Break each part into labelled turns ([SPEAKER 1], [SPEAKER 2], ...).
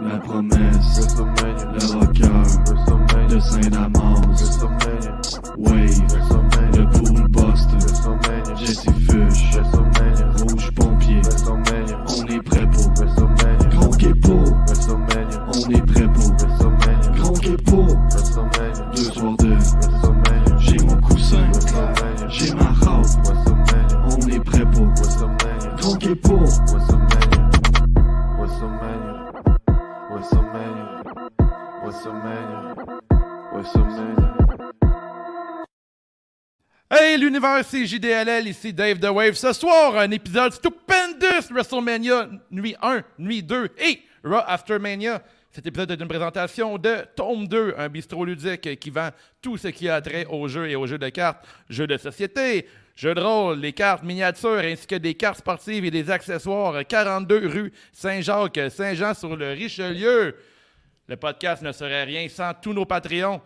[SPEAKER 1] la promesse,
[SPEAKER 2] le sommeil,
[SPEAKER 1] le rocker,
[SPEAKER 2] le sommeil,
[SPEAKER 1] de Saint-Damas,
[SPEAKER 2] le sommeil, le
[SPEAKER 1] Wave,
[SPEAKER 2] sommeil,
[SPEAKER 1] le Pool
[SPEAKER 2] le
[SPEAKER 1] Buster,
[SPEAKER 2] sommeil,
[SPEAKER 1] Jesse Fuchs,
[SPEAKER 2] le sommeil,
[SPEAKER 1] Rouge Pompier,
[SPEAKER 2] le sommeil,
[SPEAKER 1] on est prêt pour
[SPEAKER 2] le sommeil,
[SPEAKER 1] Gros Képo,
[SPEAKER 2] le sommeil,
[SPEAKER 1] on est prêt pour
[SPEAKER 2] le sommeil,
[SPEAKER 1] Gros Képo,
[SPEAKER 2] le sommeil,
[SPEAKER 1] deux soirs de,
[SPEAKER 2] le sommeil,
[SPEAKER 1] j'ai mon coussin,
[SPEAKER 2] le sommeil,
[SPEAKER 1] j'ai ma house,
[SPEAKER 2] le sommeil,
[SPEAKER 1] on est prêt pour
[SPEAKER 2] le sommeil,
[SPEAKER 1] Gros Képo.
[SPEAKER 2] WrestleMania, WrestleMania, WrestleMania, WrestleMania, WrestleMania.
[SPEAKER 3] Hey, l'univers, c'est JDLL, ici Dave The Wave. Ce soir, un épisode stupendous WrestleMania, nuit 1, nuit 2 et Raw Aftermania. Cet épisode est une présentation de Tome 2, un bistrot ludique qui vend tout ce qui a trait aux jeux et aux jeux de cartes, jeux de société, jeux de rôle, les cartes miniatures ainsi que des cartes sportives et des accessoires. 42 rue Saint-Jacques, Saint-Jean sur le Richelieu. Le podcast ne serait rien sans tous nos Patreons.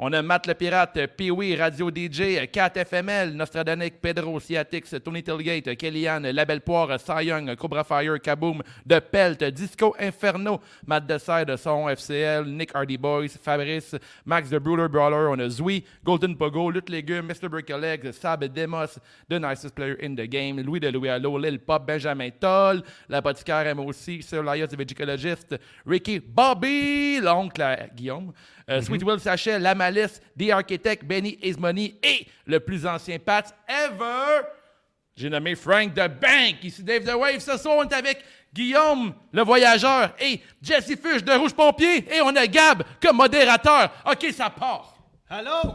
[SPEAKER 3] On a Matt le Pirate, Pee-Wee, Radio DJ, Cat FML, Nostradanic, Pedro, Ciatix, Tony Tilgate, Kellyanne, La Belle Poire, Cy Young, Cobra Fire, Kaboom, De Pelt, Disco Inferno, Matt Deside, Son FCL, Nick Hardy Boys, Fabrice, Max the Bruder Brawler, on a Zui, Golden Pogo, Lutte Légume, Mr. Brickleg, Sab Demos, The Nicest Player in the Game, Louis de Louis Allo, Lil Pop, Benjamin Toll, l'apothicaire MOC, Sir Laius, the Vegicologist, Ricky Bobby, l'oncle à Guillaume, euh, Sweet Will Sachet, La Malice, The Architect, Benny Ismoney et le plus ancien Pat ever, j'ai nommé Frank The Bank. Ici Dave The Wave. Ce soir, on est avec Guillaume, le voyageur, et Jesse Fuchs de Rouge Pompier. Et on a Gab comme modérateur. OK, ça part.
[SPEAKER 4] Allô?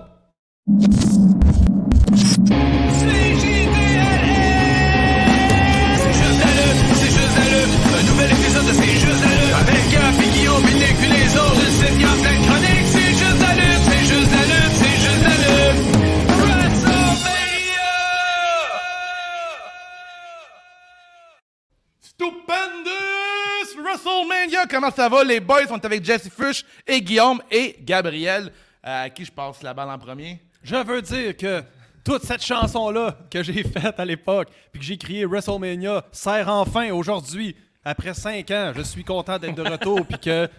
[SPEAKER 3] Stupendous WrestleMania! Comment ça va, les boys? On est avec Jesse Fuchs et Guillaume et Gabriel. euh, À qui je passe la balle en premier?
[SPEAKER 4] Je veux dire que toute cette chanson-là que j'ai faite à l'époque, puis que j'ai crié WrestleMania, sert enfin aujourd'hui, après cinq ans. Je suis content d'être de retour, puis que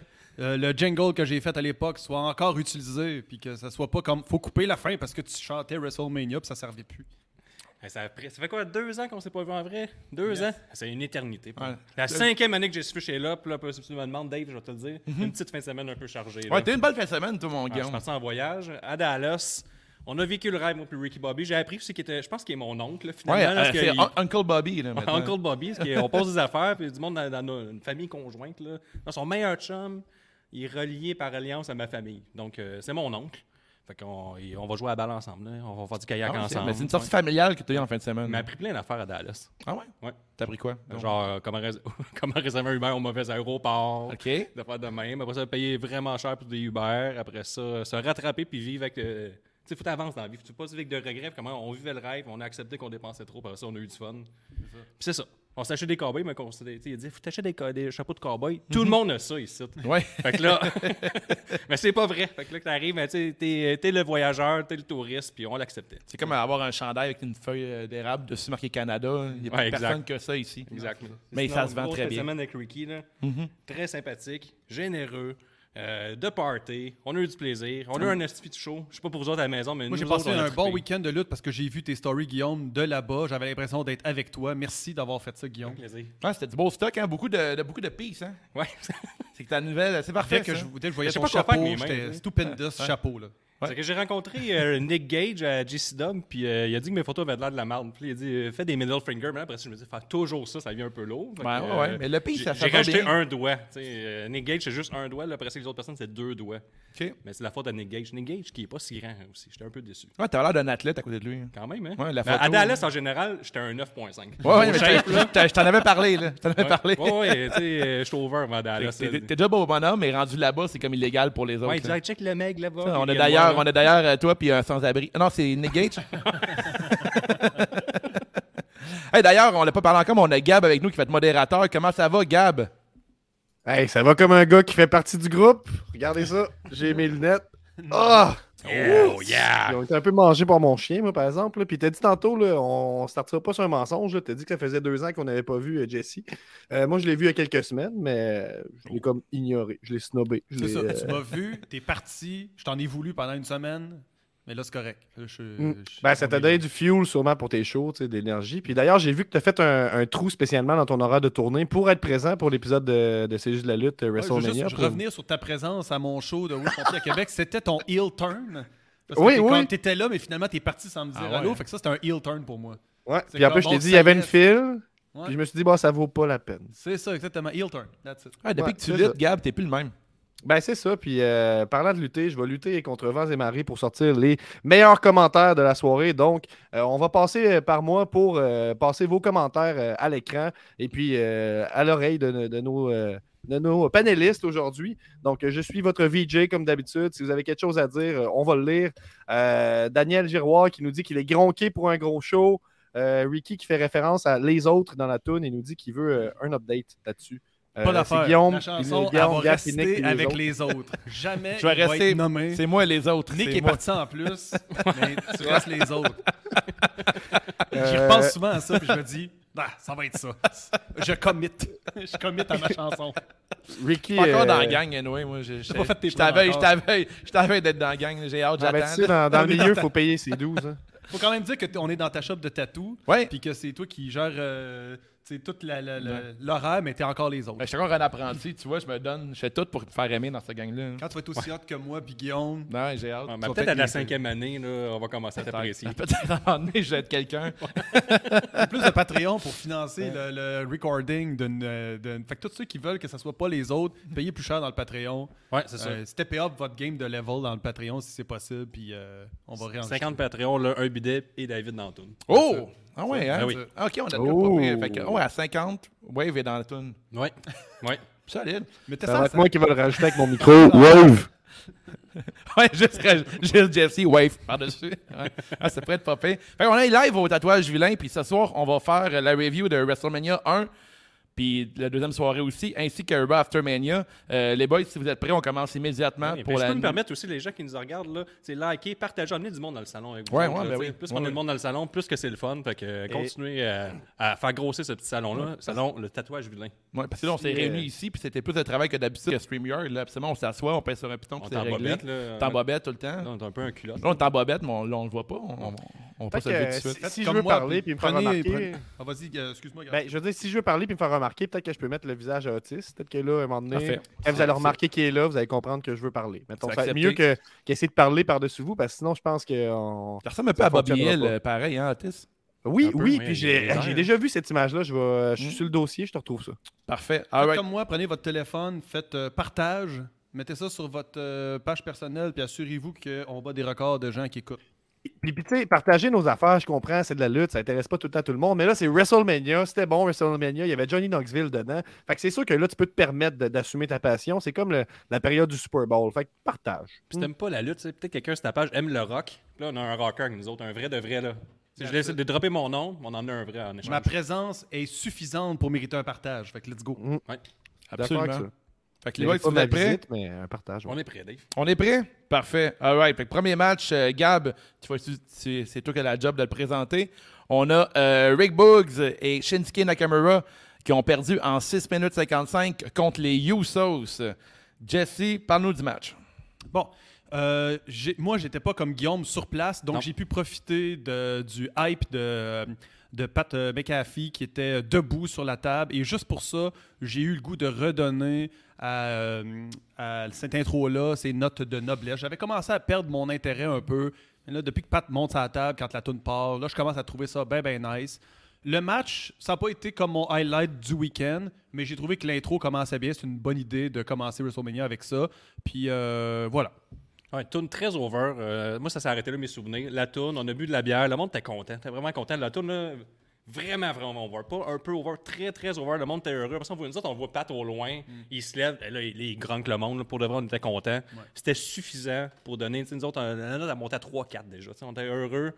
[SPEAKER 4] euh, le jingle que j'ai fait à l'époque soit encore utilisé, puis que ça soit pas comme faut couper la fin parce que tu chantais WrestleMania, puis ça servait plus.
[SPEAKER 5] Hey, Ça, a pris- ça fait quoi, deux ans qu'on s'est pas vu en vrai? Deux ans? C'est une éternité. pour
[SPEAKER 4] Ouais.
[SPEAKER 5] moi. La cinquième année que j'ai suis chez là, puis là, si tu me demandes, Dave, je vais te le dire, une petite fin de semaine un peu chargée. là.
[SPEAKER 3] Mhm. Ouais, t'as eu une belle fin de semaine, tout mon
[SPEAKER 5] Ah, je suis
[SPEAKER 3] Guillaume.
[SPEAKER 5] parti en voyage à Dallas. On a vécu le rêve, moi, puis Ricky Bobby. J'ai appris aussi qu'il était, je pense qu'il est mon oncle, finalement.
[SPEAKER 3] ouais,
[SPEAKER 5] parce
[SPEAKER 3] euh,
[SPEAKER 5] que
[SPEAKER 3] c'est
[SPEAKER 5] il-
[SPEAKER 3] Un- Uncle Bobby. Là, maintenant.
[SPEAKER 5] Uncle Bobby, parce qu'on pose des affaires, puis du monde dans, dans nos- une famille conjointe. Là. Dans son meilleur chum, il est relié par alliance à ma famille. Donc, euh, c'est mon oncle. Fait qu'on il- on va jouer à la balle ensemble. là. On va faire du
[SPEAKER 3] Ah
[SPEAKER 5] kayak
[SPEAKER 3] ouais, c'est-
[SPEAKER 5] ensemble.
[SPEAKER 3] mais c'est une sortie familiale que t'as eu en fin de
[SPEAKER 5] Il
[SPEAKER 3] semaine.
[SPEAKER 5] m'a appris plein d'affaires à Dallas.
[SPEAKER 3] Ah ouais?
[SPEAKER 5] Ouais.
[SPEAKER 3] T'as pris quoi? donc?
[SPEAKER 5] Genre, euh, comment, rés- comment réserver un Uber au mauvais aéroport.
[SPEAKER 3] OK.
[SPEAKER 5] De faire de même. Après ça, payer vraiment cher pour des Uber. Après ça, se rattraper puis vivre avec. euh, tu sais, faut t'avancer dans la vie. Faut pas se vivre avec de regrets. Comment on vivait le rêve, on a accepté qu'on dépensait trop. Après ça, on a eu du fun. Puis c'est ça. On s'achète des cowboys, mais qu'on s'est tu sais, il dit, faut t'acheter des, co- des chapeaux de cowboy. Tout le monde a ça ici.
[SPEAKER 3] Mm-hmm. Ouais.
[SPEAKER 5] Fait que là, mais c'est pas vrai. Fait que là, que t'arrives, mais tu sais, t'es t'es le voyageur, t'es le touriste, puis on l'acceptait.
[SPEAKER 3] C'est comme avoir un chandail avec une feuille euh, d'érable dessus marqué Canada. Il n'y a
[SPEAKER 5] Ouais, exact.
[SPEAKER 3] personne que ça ici.
[SPEAKER 5] Exactement.
[SPEAKER 3] Mais ça se vend très bien. Mm-hmm.
[SPEAKER 5] semaine avec Ricky, là, très sympathique, généreux, euh, de party. On a eu du plaisir. On a eu un esti de show. Je sais pas pour vous autres à la maison, mais
[SPEAKER 4] Moi, j'ai
[SPEAKER 5] nous autres,
[SPEAKER 4] passé
[SPEAKER 5] on a
[SPEAKER 4] un bon
[SPEAKER 5] trippé.
[SPEAKER 4] week-end de lutte parce que j'ai vu tes stories, Guillaume, de là-bas. J'avais l'impression d'être avec toi. Merci d'avoir fait ça, Guillaume.
[SPEAKER 5] Plaisir.
[SPEAKER 3] Ouais, c'était du beau stock, hein? beaucoup, de, de- beaucoup de peace. Hein?
[SPEAKER 5] Ouais.
[SPEAKER 3] C'est que ta nouvelle, c'est
[SPEAKER 4] Fait
[SPEAKER 3] parfait.
[SPEAKER 4] que
[SPEAKER 3] ça.
[SPEAKER 4] je, dès que je voyais
[SPEAKER 5] Je sais
[SPEAKER 4] ton
[SPEAKER 5] pas quoi faire
[SPEAKER 4] chapeau,
[SPEAKER 5] avec mes mains,
[SPEAKER 4] j'étais
[SPEAKER 5] oui.
[SPEAKER 4] stupendous chapeau, là.
[SPEAKER 5] C'est que j'ai rencontré euh, Nick Gage à JC Dub, puis euh, il a dit que mes photos avaient de l'air de la merde. Puis il a dit euh, fais des middle fingers. Mais là, après ça, je me dis faire toujours ça, ça vient un peu lourd. Fait que,
[SPEAKER 3] Ouais, ouais,
[SPEAKER 5] euh,
[SPEAKER 3] ouais. Mais le pire,
[SPEAKER 5] j'ai-
[SPEAKER 3] ça
[SPEAKER 5] J'ai
[SPEAKER 3] fait
[SPEAKER 5] rajouté
[SPEAKER 3] bien.
[SPEAKER 5] un doigt. tu sais, euh, Nick Gage, c'est juste un doigt. Là, après ça, les autres personnes, c'est deux doigts.
[SPEAKER 3] Ok.
[SPEAKER 5] Mais c'est la faute à Nick Gage. Nick Gage qui est pas si grand hein, aussi. J'étais un peu déçu.
[SPEAKER 3] Ouais, t'avais l'air d'un athlète à côté de lui. hein.
[SPEAKER 5] Quand même, hein?
[SPEAKER 3] Ouais, la
[SPEAKER 5] Mais À
[SPEAKER 3] photo, euh,
[SPEAKER 5] Dallas, en général, j'étais un 9.5.
[SPEAKER 3] Ouais, ouais, mais
[SPEAKER 5] Shape,
[SPEAKER 3] t'as- t'as- je t'en avais parlé. Là. Je t'en avais parlé.
[SPEAKER 5] Ouais, ouais, ouais, tu sais, euh, je suis over avant Dallas.
[SPEAKER 3] T'es t'es déjà beau bonhomme, mais rendu là-bas, c'est comme illégal pour les autres.
[SPEAKER 5] Ouais,
[SPEAKER 3] là.
[SPEAKER 5] exact. Check le mec là-bas.
[SPEAKER 3] Ça, Ah, On a d'ailleurs,
[SPEAKER 5] Regarde-moi, là.
[SPEAKER 3] on a d'ailleurs euh, toi puis un sans-abri. Non, c'est Nick Gage. Hey, d'ailleurs, on l'a pas parlé encore, mais on a Gab avec nous qui va être modérateur. Comment ça va, Gab?
[SPEAKER 6] Hey, ça va comme un gars qui fait partie du groupe. Regardez ça, j'ai mes lunettes. Ah!
[SPEAKER 3] Tu
[SPEAKER 5] Oh, yeah!
[SPEAKER 6] Ils ont été un peu mangés par mon chien, moi, par exemple. là. Puis t'as dit tantôt, là, on startera pas sur un mensonge. là. T'as dit que ça faisait deux ans qu'on n'avait pas vu euh, Jesse. Euh, moi, je l'ai vu il y a quelques semaines, mais euh, je l'ai comme ignoré. Je l'ai snobé.
[SPEAKER 4] Oh.
[SPEAKER 6] Je
[SPEAKER 4] C'est
[SPEAKER 6] l'ai,
[SPEAKER 4] ça.
[SPEAKER 6] euh,
[SPEAKER 4] Tu m'as vu, t'es parti, je t'en ai voulu pendant une semaine, mais là, c'est correct. Là, je-
[SPEAKER 6] Mm.
[SPEAKER 4] je-
[SPEAKER 6] Ben, ça t'a donné du fuel sûrement pour tes shows, tu sais, de l'énergie. Puis d'ailleurs, j'ai vu que tu as fait un, un trou spécialement dans ton horaire de tournée pour être présent pour l'épisode de, de C'est juste de la lutte euh,
[SPEAKER 4] Ouais, je veux
[SPEAKER 6] WrestleMania.
[SPEAKER 4] juste
[SPEAKER 6] pour-
[SPEAKER 4] revenir sur ta présence à mon show de Wolf Pompier à Québec. C'était ton heel turn. Parce que
[SPEAKER 6] Oui,
[SPEAKER 4] t'es
[SPEAKER 6] oui.
[SPEAKER 4] comme- T'étais là, mais finalement, t'es parti sans me dire
[SPEAKER 5] Ah
[SPEAKER 4] allô.
[SPEAKER 5] ouais.
[SPEAKER 4] Fait que ça, c'était un heel turn pour moi.
[SPEAKER 6] Ouais.
[SPEAKER 4] C'est
[SPEAKER 6] Puis en
[SPEAKER 4] comme,
[SPEAKER 6] plus, je
[SPEAKER 4] bon,
[SPEAKER 6] t'ai dit, il
[SPEAKER 4] ça
[SPEAKER 6] y avait
[SPEAKER 4] y est.
[SPEAKER 6] une file.
[SPEAKER 4] Ouais.
[SPEAKER 6] Puis je me suis dit, bah, ça vaut pas la peine.
[SPEAKER 4] C'est ça, exactement. Heel turn. That's it.
[SPEAKER 3] Ah, depuis
[SPEAKER 6] Ouais,
[SPEAKER 3] que tu
[SPEAKER 6] c'est
[SPEAKER 3] luttes,
[SPEAKER 6] ça.
[SPEAKER 3] Gab, t'es plus le même.
[SPEAKER 6] Ben, c'est ça. Puis euh, parlant de lutter, je vais lutter contre vents et marées pour sortir les meilleurs commentaires de la soirée. Donc, euh, on va passer euh, par moi pour euh, passer vos commentaires euh, à l'écran et puis euh, à l'oreille de, no- de nos. euh, de nos panélistes aujourd'hui. Donc, euh, je suis votre VJ comme d'habitude. Si vous avez quelque chose à dire, euh, on va le lire. Euh, Daniel Giroir qui nous dit qu'il est gronqué pour un gros show. Euh, Ricky qui fait référence à les autres dans la toune et nous dit qu'il veut euh, un update là-dessus. Euh,
[SPEAKER 4] Pas
[SPEAKER 6] c'est
[SPEAKER 4] d'affaire.
[SPEAKER 6] Guillaume,
[SPEAKER 4] la chanson,
[SPEAKER 6] Guillaume,
[SPEAKER 4] elle va
[SPEAKER 6] Gap et Nick, puis
[SPEAKER 4] rester
[SPEAKER 6] les
[SPEAKER 4] avec
[SPEAKER 6] autres.
[SPEAKER 4] les autres. Jamais
[SPEAKER 3] Je vais
[SPEAKER 4] il va
[SPEAKER 3] rester-
[SPEAKER 4] être nommé.
[SPEAKER 3] C'est moi et les autres.
[SPEAKER 4] Nick
[SPEAKER 3] c'est
[SPEAKER 4] est
[SPEAKER 3] moi.
[SPEAKER 4] parti en plus, mais tu restes les autres. J'y
[SPEAKER 6] Euh,
[SPEAKER 4] repense souvent à ça, puis je me dis, ah, ça va être ça. Je commit. Je commit à ma chanson.
[SPEAKER 6] Ricky.
[SPEAKER 3] Pas encore dans la
[SPEAKER 6] euh,
[SPEAKER 3] gang, anyway. Moi, je je-
[SPEAKER 4] pas fait tes
[SPEAKER 3] je t'avais,
[SPEAKER 4] plans
[SPEAKER 3] je t'avais, je t'avais d'être dans la gang. J'ai hâte,
[SPEAKER 6] Ah, ben, tu sais,
[SPEAKER 3] j'attends.
[SPEAKER 6] dans, dans le
[SPEAKER 4] On est
[SPEAKER 6] milieu, il
[SPEAKER 4] dans
[SPEAKER 6] faut payer ses 12. hein.
[SPEAKER 4] Faut quand même dire que t- on est dans ta shop de tatou,
[SPEAKER 3] Ouais.
[SPEAKER 4] puis que c'est toi qui gère euh, tu sais, toute la- la- la- l'horaire, mais t'es encore les autres.
[SPEAKER 3] Ben, je suis encore un apprenti, tu vois, je me donne, je fais tout pour te faire aimer dans cette gang-là. hein.
[SPEAKER 4] Quand tu vas être aussi hot que moi, puis Guillaume,
[SPEAKER 3] Non, j'ai hâte.
[SPEAKER 5] Ouais,
[SPEAKER 3] Tu
[SPEAKER 5] Ah, mais
[SPEAKER 3] vas
[SPEAKER 5] Peut-être à la
[SPEAKER 3] les-
[SPEAKER 5] cinquième année, là, on va commencer à t'apprécier.
[SPEAKER 3] Peut-être à un moment donné, je vais être quelqu'un.
[SPEAKER 4] plus de Patreon pour financer le, le recording d'une. euh, d'une- Fait que tous ceux qui veulent que ça soit pas les autres, payez plus cher dans le Patreon.
[SPEAKER 5] Ouais, c'est ça.
[SPEAKER 4] Euh, step up votre game de level dans le Patreon si c'est possible, puis euh, on va réenregistrer.
[SPEAKER 5] 50 Patreon, là, un bidet et David dans tout.
[SPEAKER 3] Oh! Ah ouais, hein?
[SPEAKER 5] Ah oui.
[SPEAKER 3] Ah, Ok, on a de
[SPEAKER 6] Oh.
[SPEAKER 3] quoi pas pire. Fait que, oh, à 50, Wave est dans la toune.
[SPEAKER 5] Ouais. ouais.
[SPEAKER 3] Solide.
[SPEAKER 4] Mais t'es
[SPEAKER 6] Ça va
[SPEAKER 4] ça,
[SPEAKER 6] être moi qui vais le rajouter avec mon micro. Wave!
[SPEAKER 3] Ouais, juste, raj- juste Jesse, Wave par-dessus. Ouais. Ah, ça pourrait être pas pire. Fait qu'on est live au Tatouage Vilain, puis ce soir, on va faire euh, la review de WrestleMania 1, puis la deuxième soirée aussi, ainsi que Raw Aftermania. Euh, les boys, si vous êtes prêts, on commence immédiatement
[SPEAKER 5] Ouais,
[SPEAKER 3] Ah, pour
[SPEAKER 5] ben, je
[SPEAKER 3] la...
[SPEAKER 5] peux me permettre aussi, les gens qui nous regardent, là, c'est liker, partager, amener du monde dans le salon avec vous.
[SPEAKER 3] Ouais,
[SPEAKER 5] autres,
[SPEAKER 3] ouais,
[SPEAKER 5] là,
[SPEAKER 3] ben
[SPEAKER 5] t'sais.
[SPEAKER 3] oui.
[SPEAKER 5] Plus
[SPEAKER 3] Ouais,
[SPEAKER 5] qu'on a
[SPEAKER 3] ouais.
[SPEAKER 5] de monde dans le salon, plus que c'est le fun. Fait que euh, continuez euh, à faire grossir ce petit salon-là. Salon, le tatouage vilain.
[SPEAKER 3] Ouais, parce que là, on s'est
[SPEAKER 6] Puis, euh,
[SPEAKER 3] réunis ici, puis c'était plus de travail que d'habitude que StreamYard. Là, absolument, on s'assoit, on pèse sur un piton, puis
[SPEAKER 5] On
[SPEAKER 3] c'est réglé.
[SPEAKER 5] t'embobette, là.
[SPEAKER 3] T'en bobette tout le temps. Là,
[SPEAKER 5] Non, t'es un peu un culotte.
[SPEAKER 3] on t'embobette, mais on, là, on le voit pas. On, on, on va pas
[SPEAKER 6] Fait
[SPEAKER 3] se
[SPEAKER 6] que,
[SPEAKER 3] lever
[SPEAKER 6] euh,
[SPEAKER 3] tout de
[SPEAKER 6] si,
[SPEAKER 3] suite.
[SPEAKER 6] si je
[SPEAKER 4] Comme
[SPEAKER 6] veux
[SPEAKER 4] moi,
[SPEAKER 6] parler, puis me faire
[SPEAKER 4] prenez-
[SPEAKER 6] remarquer.
[SPEAKER 4] prenez- Ah, vas-y, euh, excuse-moi. gars.
[SPEAKER 6] Ben, je veux dire, si je veux parler puis me faire remarquer, peut-être que je peux mettre le visage à autiste. Peut-être que là, à un moment donné,
[SPEAKER 3] Parfait.
[SPEAKER 6] quand vous
[SPEAKER 3] C'est-
[SPEAKER 6] allez remarquer qui est là, vous allez comprendre que je veux parler. Mettons,
[SPEAKER 3] C'est
[SPEAKER 6] ça va être
[SPEAKER 3] accepté.
[SPEAKER 6] mieux que- qu'essayer de parler par-dessus vous, parce que sinon, je pense que. on-
[SPEAKER 3] Ça ressemble un peu
[SPEAKER 6] ça
[SPEAKER 3] à Bobby
[SPEAKER 6] fonctionnera
[SPEAKER 3] Hill,
[SPEAKER 6] pas.
[SPEAKER 3] euh, pareil, hein, Otis?
[SPEAKER 6] Oui,
[SPEAKER 5] Un peu,
[SPEAKER 6] oui,
[SPEAKER 5] oui,
[SPEAKER 6] puis
[SPEAKER 5] il
[SPEAKER 6] j'ai
[SPEAKER 5] y a des
[SPEAKER 6] j'ai
[SPEAKER 5] airs.
[SPEAKER 6] déjà vu cette image-là. Je, vais- je suis
[SPEAKER 3] Mm.
[SPEAKER 6] sur le dossier, je te retrouve ça.
[SPEAKER 3] Parfait.
[SPEAKER 4] Faites
[SPEAKER 3] All right.
[SPEAKER 4] comme moi, prenez votre téléphone, faites euh, partage, mettez ça sur votre euh, page personnelle, puis assurez-vous qu'on bat des records de gens qui écoutent.
[SPEAKER 6] Puis, puis, tu sais, partager nos affaires, je comprends, c'est de la lutte, ça intéresse pas tout le temps tout le monde. Mais là, c'est WrestleMania, c'était bon WrestleMania, il y avait Johnny Knoxville dedans. Fait que c'est sûr que là, tu peux te permettre de- d'assumer ta passion. C'est comme le- la période du Super Bowl. Fait que partage.
[SPEAKER 5] Puis si t'aimes pas la lutte, t'sais, peut-être quelqu'un sur ta page aime le rock. Puis là, on a un rocker avec nous autres, un vrai de vrai, là. T'sais, Je laisse de dropper mon nom, mais on en a un vrai en
[SPEAKER 4] Ma
[SPEAKER 5] échange.
[SPEAKER 4] présence est suffisante pour mériter un partage. Fait que let's go.
[SPEAKER 5] Ouais.
[SPEAKER 6] D'accord avec ça.
[SPEAKER 3] Absolument. Fait que les
[SPEAKER 6] Mais
[SPEAKER 3] boys,
[SPEAKER 6] pas
[SPEAKER 3] si vous
[SPEAKER 6] ma
[SPEAKER 3] êtes prêts,
[SPEAKER 6] visite, mais un partage. ouais.
[SPEAKER 5] On est prêt, Dave.
[SPEAKER 3] on est prêts? Parfait. All right. Fait que premier match, euh, Gab, tu vas- tu- tu- c'est toi qui as la job de le présenter. On a euh, Rick Boogs et Shinsuke Nakamura qui ont perdu en 6 minutes 55 contre les Usos. Jesse, parle-nous du match.
[SPEAKER 4] Bon, euh, j'ai- moi, j'étais pas comme Guillaume sur place, donc
[SPEAKER 5] Non.
[SPEAKER 4] j'ai pu profiter de- du hype de, de Pat euh, McAfee qui était debout sur la table. Et juste pour ça, j'ai eu le goût de redonner à, euh, à cette intro-là ces notes de noblesse. J'avais commencé à perdre mon intérêt un peu. Mais là, depuis que Pat monte sa table quand la toune part, là, je commence à trouver ça bien, bien nice. Le match, ça n'a pas été comme mon highlight du week-end, mais j'ai trouvé que l'intro commençait bien. C'est une bonne idée de commencer WrestleMania avec ça. Puis euh, voilà.
[SPEAKER 5] Ouais, tourne très over. Euh, moi, ça s'est arrêté là, mes souvenirs. La tourne, on a bu de la bière. Le monde était content. T'es vraiment content de la tourne. là. Vraiment, vraiment over. Pas un peu over, très, très over. Le monde était heureux. Après ça, on voit nous autres, on voit Pat au loin. Il se lève. Et Là, il, il gronque le monde. là. Pour de vrai, on était content. C'était suffisant pour donner. tu sais, Nous autres, on, on a monté à 3-4 déjà. Tu sais, On était heureux.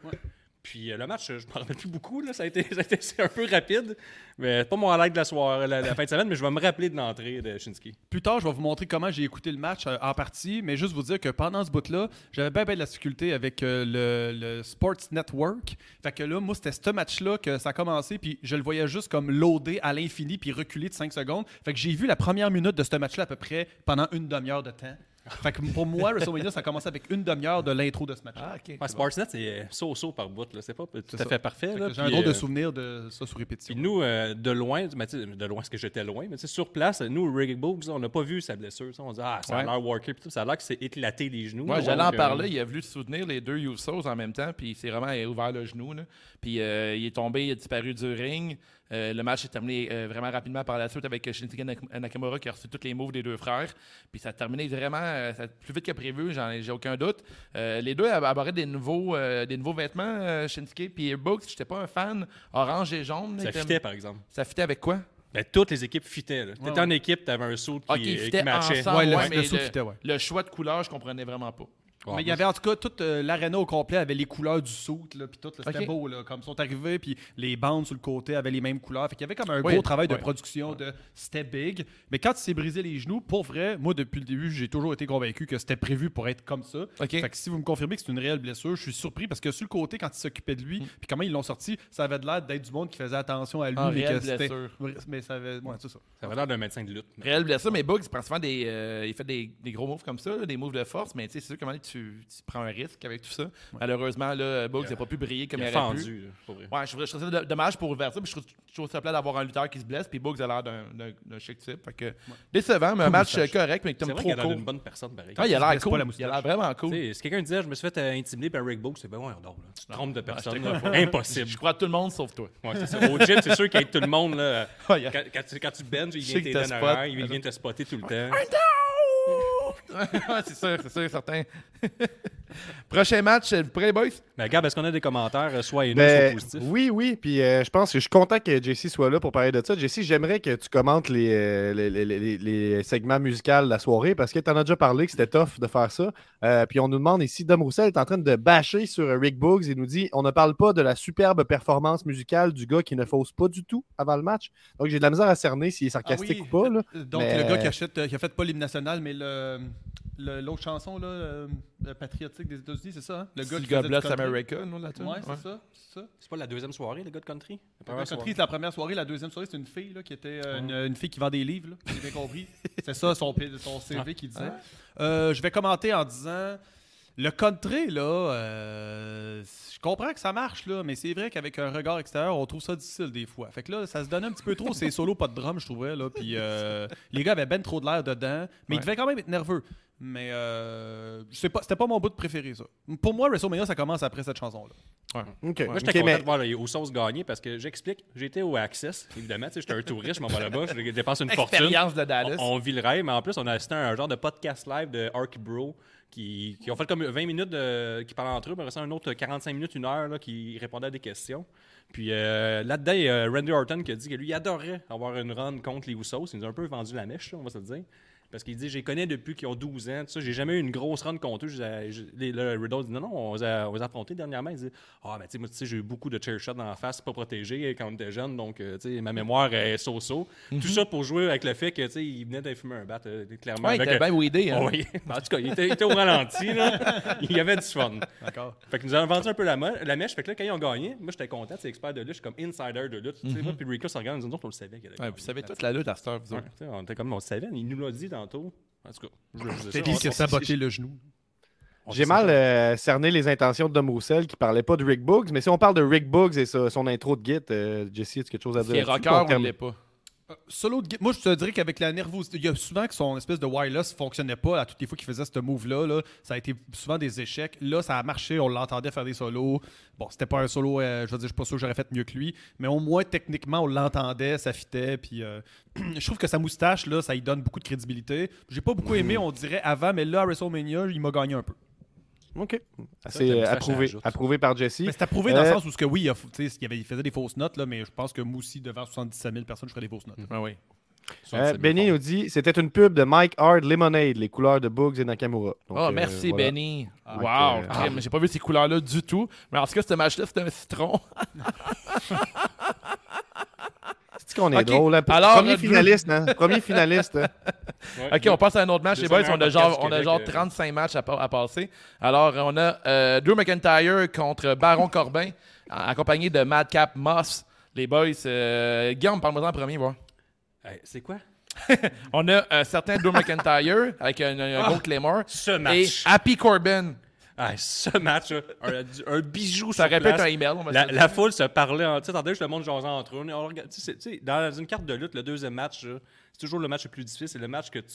[SPEAKER 5] Puis euh, le match, euh, je m'en rappelle plus beaucoup. Là. Ça a été, ça a été- c'est un peu rapide. Mais pas mon highlight de la soirée, la, la fin de semaine, mais je vais me rappeler de l'entrée de Shinsuke.
[SPEAKER 4] Plus tard, je vais vous montrer comment j'ai écouté le match euh, en partie, mais juste vous dire que pendant ce bout-là, j'avais bien, bien de la difficulté avec euh, le, le Sports Network. Fait que là, moi, c'était ce match-là que ça a commencé, puis je le voyais juste comme loader à l'infini, puis reculer de 5 secondes. Fait que j'ai vu la première minute de ce match-là à peu près pendant une demi-heure de temps. Fait que pour moi, WrestleMania, ça a commencé avec une demi-heure de l'intro de ce match-là.
[SPEAKER 3] Ah, ok.
[SPEAKER 5] Ouais, Sportsnet, c'est euh, so-so par bout. là. C'est pas tout à
[SPEAKER 4] ça.
[SPEAKER 5] fait parfait.
[SPEAKER 4] Fait
[SPEAKER 5] là.
[SPEAKER 4] que J'ai un
[SPEAKER 5] Puis,
[SPEAKER 4] drôle de
[SPEAKER 5] euh,
[SPEAKER 4] souvenir de ça sous répétition.
[SPEAKER 5] Puis nous, euh, de loin, mais tu sais, de loin, parce que j'étais loin, mais tu sais, sur place, nous, Rick Boogs, on n'a pas vu sa blessure. ça. On dit, ah, ça a
[SPEAKER 3] Ouais.
[SPEAKER 5] l'air worker, puis tout, ça a l'air que c'est éclaté les genoux.
[SPEAKER 3] Moi,
[SPEAKER 5] Donc,
[SPEAKER 3] j'allais en
[SPEAKER 5] euh,
[SPEAKER 3] parler. Il a voulu soutenir les deux Usos en même temps, puis c'est vraiment il a ouvert le genou. là. Puis euh, il est tombé, il a disparu du ring. Euh, le match est terminé euh, vraiment rapidement par la suite avec Shinsuke Nak- Nakamura qui a reçu tous les moves des deux frères. Puis ça a terminé vraiment euh, ça- plus vite que prévu, j'en ai j'ai aucun doute. Euh, les deux abordaient des nouveaux, euh, des nouveaux vêtements, euh, Shinsuke puis Books. J'étais pas un fan orange et jaune.
[SPEAKER 5] Ça
[SPEAKER 3] était-
[SPEAKER 5] fitait, par exemple.
[SPEAKER 3] ça fitait avec quoi?
[SPEAKER 5] Ben, toutes les équipes fitaient. là. T'étais
[SPEAKER 4] ouais.
[SPEAKER 5] en équipe, t'avais un saut qui,
[SPEAKER 3] Ok, ils
[SPEAKER 5] euh, qui
[SPEAKER 3] fitaient
[SPEAKER 5] matchait.
[SPEAKER 3] ensemble,
[SPEAKER 4] Ouais, le-
[SPEAKER 3] ouais,
[SPEAKER 4] le
[SPEAKER 3] mais
[SPEAKER 4] saut fitait, ouais.
[SPEAKER 3] le choix de couleur, je comprenais vraiment pas.
[SPEAKER 5] Ouais,
[SPEAKER 4] mais il y avait en tout cas toute euh, l'aréna au complet avait les couleurs du saut là puis tout là, c'était
[SPEAKER 3] Ok.
[SPEAKER 4] beau là comme ils sont arrivés puis les bandes sur le côté avaient les mêmes couleurs fait qu'il y avait comme un
[SPEAKER 3] Oui,
[SPEAKER 4] gros travail de
[SPEAKER 3] ouais.
[SPEAKER 4] production de c'était big mais quand il s'est brisé les genoux pour vrai moi depuis le début j'ai toujours été convaincu que c'était prévu pour être comme ça
[SPEAKER 3] Ok.
[SPEAKER 4] fait que si vous me confirmez que c'est une réelle blessure je suis surpris parce que sur le côté quand ils s'occupaient de lui
[SPEAKER 3] Hmm.
[SPEAKER 4] puis comment ils l'ont sorti ça avait de l'air d'être du monde qui faisait attention à lui
[SPEAKER 3] En
[SPEAKER 4] mais que
[SPEAKER 3] réelle
[SPEAKER 4] c'était-
[SPEAKER 3] blessure.
[SPEAKER 4] mais ça avait ouais, c'est ça
[SPEAKER 5] Ça avait l'air d'un médecin de lutte. mais-
[SPEAKER 3] Réel blessure, mais Bugs, il prend souvent des. euh, il fait des, des gros moves comme ça, là, des moves de force, mais tu sais, c'est sûr comment tu, tu prends un risque avec tout ça. Malheureusement, là, Bugs
[SPEAKER 5] Il a-
[SPEAKER 3] n'a pas pu briller comme
[SPEAKER 5] Il
[SPEAKER 3] il,
[SPEAKER 5] a
[SPEAKER 3] aurait pu.
[SPEAKER 5] fendu, là, pour vrai.
[SPEAKER 3] Ouais, je trouve, je trouve ça do- dommage pour Versa, puis je trouve, je trouve ça plat d'avoir un lutteur qui se blesse, puis Bugs a l'air d'un- d'un d'un chic type. Fait que, décevant, mais un match euh, correct, mais que
[SPEAKER 5] C'est
[SPEAKER 3] t'aimes
[SPEAKER 5] vrai
[SPEAKER 3] trop
[SPEAKER 5] qu'il a l'air
[SPEAKER 3] court.
[SPEAKER 5] d'une bonne personne, pareil.
[SPEAKER 3] Ah, il a l'air
[SPEAKER 4] se blesse pas la
[SPEAKER 3] cool. Il
[SPEAKER 4] moustache.
[SPEAKER 3] a l'air vraiment
[SPEAKER 5] Tu
[SPEAKER 3] cool.
[SPEAKER 5] sais, Si quelqu'un disait, je me suis fait euh, intimider par Rick Boogs, c'est ben ouais, on dort. Là. Tu te trompes de personne.
[SPEAKER 3] Ah, te
[SPEAKER 5] là.
[SPEAKER 3] crois pas.
[SPEAKER 5] Impossible.
[SPEAKER 3] Je crois à tout le monde sauf toi.
[SPEAKER 5] Ouais, c'est ça. Au gym, c'est sûr qu'il y a tout le monde. Là,
[SPEAKER 3] Ouais, il y a-
[SPEAKER 5] quand, quand tu, quand tu benches, il
[SPEAKER 3] Je
[SPEAKER 5] vient
[SPEAKER 3] sais que
[SPEAKER 5] t'aider
[SPEAKER 3] t'as
[SPEAKER 5] en
[SPEAKER 3] spot.
[SPEAKER 5] arrière, il vient te spotter tout le temps. Ah,
[SPEAKER 3] Ouais, c'est sûr, c'est sûr, certain. Prochain match, euh, vous prêts, les boys?
[SPEAKER 5] Mais Gab, est-ce qu'on a des commentaires, euh, soit et non, soit
[SPEAKER 6] Ben,
[SPEAKER 5] positifs?
[SPEAKER 6] oui, oui. Puis euh, je pense que je suis content que JC soit là pour parler de ça. JC, j'aimerais que tu commentes les, euh, les, les- les- les segments musicaux de la soirée parce que tu en as déjà parlé que c'était tough de faire ça. Euh, puis on nous demande ici Dom Roussel est en train de bâcher sur euh, Rick Boogs et nous dit on ne parle pas de la superbe performance musicale du gars qui ne fausse pas du tout avant le match. Donc j'ai de la misère à cerner s'il est
[SPEAKER 5] Ah
[SPEAKER 6] sarcastique ou pas. Là.
[SPEAKER 4] Euh, donc
[SPEAKER 6] Mais-
[SPEAKER 4] le gars qui achète euh, qui a fait pas l'hymne national mais le le- l'autre chanson là euh, patriotique des États-Unis c'est ça hein? le
[SPEAKER 3] Si
[SPEAKER 4] qui
[SPEAKER 3] le gars
[SPEAKER 4] faisait du
[SPEAKER 3] blesse
[SPEAKER 4] country.
[SPEAKER 3] America, non, là-dessus?
[SPEAKER 4] Ouais, c'est ça. C'est ça.
[SPEAKER 5] C'est pas la deuxième soirée, les gars de country? La
[SPEAKER 4] La,
[SPEAKER 5] première soirée.
[SPEAKER 4] country, c'est la première soirée. La deuxième soirée, c'est une fille là, qui était euh, une, une fille qui vend des livres. là, J'ai bien compris. C'est ça son, P- son CV qui disait. Euh, je vais commenter en disant le country, là, euh, je comprends que ça marche, là, mais c'est vrai qu'avec un regard extérieur, on trouve ça difficile des fois. Fait que là, ça se donnait un petit peu trop. C'est solo, pas de drum, je trouvais. Là, puis euh, les gars avaient ben trop de l'air dedans, mais
[SPEAKER 3] Ouais.
[SPEAKER 4] ils devaient quand même être nerveux. Mais euh, c'est pas- c'était pas mon bout de préféré, ça. Pour moi, WrestleMania, ça commence après cette chanson-là.
[SPEAKER 6] Ok.
[SPEAKER 5] Moi, j'étais
[SPEAKER 6] Ok,
[SPEAKER 5] content
[SPEAKER 6] mais-
[SPEAKER 5] de voir les aux sauces gagner parce que j'explique, j'étais au Access, évidemment, tu sais, j'étais un touriste, je m'en vais là-bas, je dépense une fortune.
[SPEAKER 3] Expérience de Dallas.
[SPEAKER 5] On, on vit le rêve, mais en plus, on a assisté à un genre de podcast live de Arc Bro qui, qui ont fait comme 20 minutes de, qui parlaient entre eux, mais restait un autre 45 minutes, une heure là, qui répondait à des questions. Puis euh, là-dedans, il y a Randy Orton qui a dit que lui, il adorait avoir une run contre les Usos. Il nous a un peu vendu la mèche, là, on va se le dire. Parce qu'il dit, je les connais depuis qu'ils ont 12 ans. tout ça. J'ai jamais eu une grosse run contre eux. Je les ai- je- les- le Riddle dit, non, non, on les a, on les a affrontés dernièrement. Il dit, ah, ben, tu sais, moi, tu sais, j'ai eu beaucoup de chair shots dans la face, pas protégé quand on était jeune. Donc, euh, tu sais, ma mémoire est so-so.
[SPEAKER 3] Mhm.
[SPEAKER 5] Tout ça pour jouer avec le fait que, tu sais, il venait de fumer un bat, euh, clairement.
[SPEAKER 3] Ouais, il
[SPEAKER 5] avec,
[SPEAKER 3] était
[SPEAKER 5] euh,
[SPEAKER 3] bien weedé. Hein.
[SPEAKER 5] Oh oui. Ben, en tout cas, il était, il était au ralenti. Là. Il y avait du fun.
[SPEAKER 4] D'accord?
[SPEAKER 5] Fait qu'ils nous ont vendu un peu la, mo- la mèche. Fait que là, quand ils ont gagné, moi, j'étais content. C'est expert de lutte, je suis comme insider de lutte. Tu sais, moi, puis Rico, ça regarde, nous autres, on le savait. qu'il allait
[SPEAKER 3] Mhm. Ouais,
[SPEAKER 5] gagner.
[SPEAKER 3] vous savez toute la lutte à cette heure, vous
[SPEAKER 5] Ouais,
[SPEAKER 3] autres.
[SPEAKER 5] tu sais, on était comme, on le savait. Il nous l'a dit tantôt. En tout cas, je le disais ça,
[SPEAKER 6] C'est
[SPEAKER 5] on-
[SPEAKER 6] qui qui a
[SPEAKER 5] on-
[SPEAKER 6] saboté
[SPEAKER 4] le genou.
[SPEAKER 5] on-
[SPEAKER 6] J'ai
[SPEAKER 5] on-
[SPEAKER 6] mal euh, cerné les intentions de Dom Roussel qui parlait pas de Rick Boogs, mais si on parle de Rick Boogs et sa- son intro de Git, euh, Jesse, as-tu quelque chose à
[SPEAKER 3] Est-ce
[SPEAKER 6] dire?
[SPEAKER 3] qu'il est rocker
[SPEAKER 6] là-dessus? Pour
[SPEAKER 3] ou il
[SPEAKER 6] terminer.
[SPEAKER 3] l'est pas?
[SPEAKER 4] Solo de Git- moi je te dirais qu'avec la nervosité, il y a souvent que son espèce de wireless fonctionnait pas à toutes les fois qu'il faisait ce move-là. là. ça a été souvent des échecs. Là, ça a marché, on l'entendait faire des solos. Bon, c'était pas un solo, euh, je veux dire, je suis pas sûr que j'aurais fait mieux que lui, mais au moins techniquement, on l'entendait, ça fitait. Puis euh, je trouve que sa moustache, là, ça lui donne beaucoup de crédibilité. J'ai pas beaucoup aimé, on dirait, avant, mais là, à WrestleMania, il m'a gagné un peu.
[SPEAKER 6] OK.
[SPEAKER 5] ta
[SPEAKER 6] C'est
[SPEAKER 5] moustache,
[SPEAKER 6] euh,
[SPEAKER 5] ça
[SPEAKER 6] approuvé,
[SPEAKER 5] ajoute.
[SPEAKER 6] approuvé par Jesse.
[SPEAKER 4] Mais c'est approuvé dans
[SPEAKER 6] Euh,
[SPEAKER 4] le sens où, ce que, oui, il, a- tu sais, il y avait- il faisait des fausses notes, là, mais je pense que moi aussi, devant 77 000 personnes, je ferais des fausses notes.
[SPEAKER 3] Ah oui.
[SPEAKER 6] Euh, Benny nous dit c'était une pub de Mike Hard Lemonade, les couleurs de Bugs et Nakamura. Donc,
[SPEAKER 3] Ah,
[SPEAKER 6] euh,
[SPEAKER 3] merci,
[SPEAKER 6] voilà.
[SPEAKER 3] Benny.
[SPEAKER 6] Ah,
[SPEAKER 3] wow,
[SPEAKER 6] ok.
[SPEAKER 3] crème, j'ai pas vu ces couleurs-là du tout. Mais en tout cas, ce match-là, c'était un citron.
[SPEAKER 6] C'est qu'on est
[SPEAKER 3] Ok.
[SPEAKER 6] drôle. hein?
[SPEAKER 3] Alors,
[SPEAKER 6] Premier
[SPEAKER 3] euh, Drew-
[SPEAKER 6] finaliste, hein? Premier finaliste. hein?
[SPEAKER 3] OK, on passe à un autre match, les boys.
[SPEAKER 5] Deuxième
[SPEAKER 3] On a
[SPEAKER 5] podcast
[SPEAKER 3] genre,
[SPEAKER 5] du
[SPEAKER 3] on a
[SPEAKER 5] Québec,
[SPEAKER 3] genre
[SPEAKER 5] euh.
[SPEAKER 3] 35 matchs à, pa- à passer. Alors, on a euh, Drew McIntyre contre Baron Corbin, a- accompagné de Madcap Moss. Les boys, euh, Guillaume, parle-moi en premier, voir.
[SPEAKER 5] c'est quoi?
[SPEAKER 3] On a euh, certains Drew McIntyre avec un, un gros claymore
[SPEAKER 5] Ce
[SPEAKER 3] et
[SPEAKER 5] match.
[SPEAKER 3] Happy Corbin.
[SPEAKER 5] Ah, ce match, là, un, un bijou
[SPEAKER 3] Ça
[SPEAKER 5] sur
[SPEAKER 3] répète
[SPEAKER 5] place.
[SPEAKER 3] un email. on va se
[SPEAKER 5] La,
[SPEAKER 3] le dire.
[SPEAKER 5] la foule se parlait en. Tu sais, attendez, je te montre jaser entre eux. On regarde- tu sais, tu sais, dans une carte de lutte, le deuxième match, là, c'est toujours le match le plus difficile. C'est le match que tu.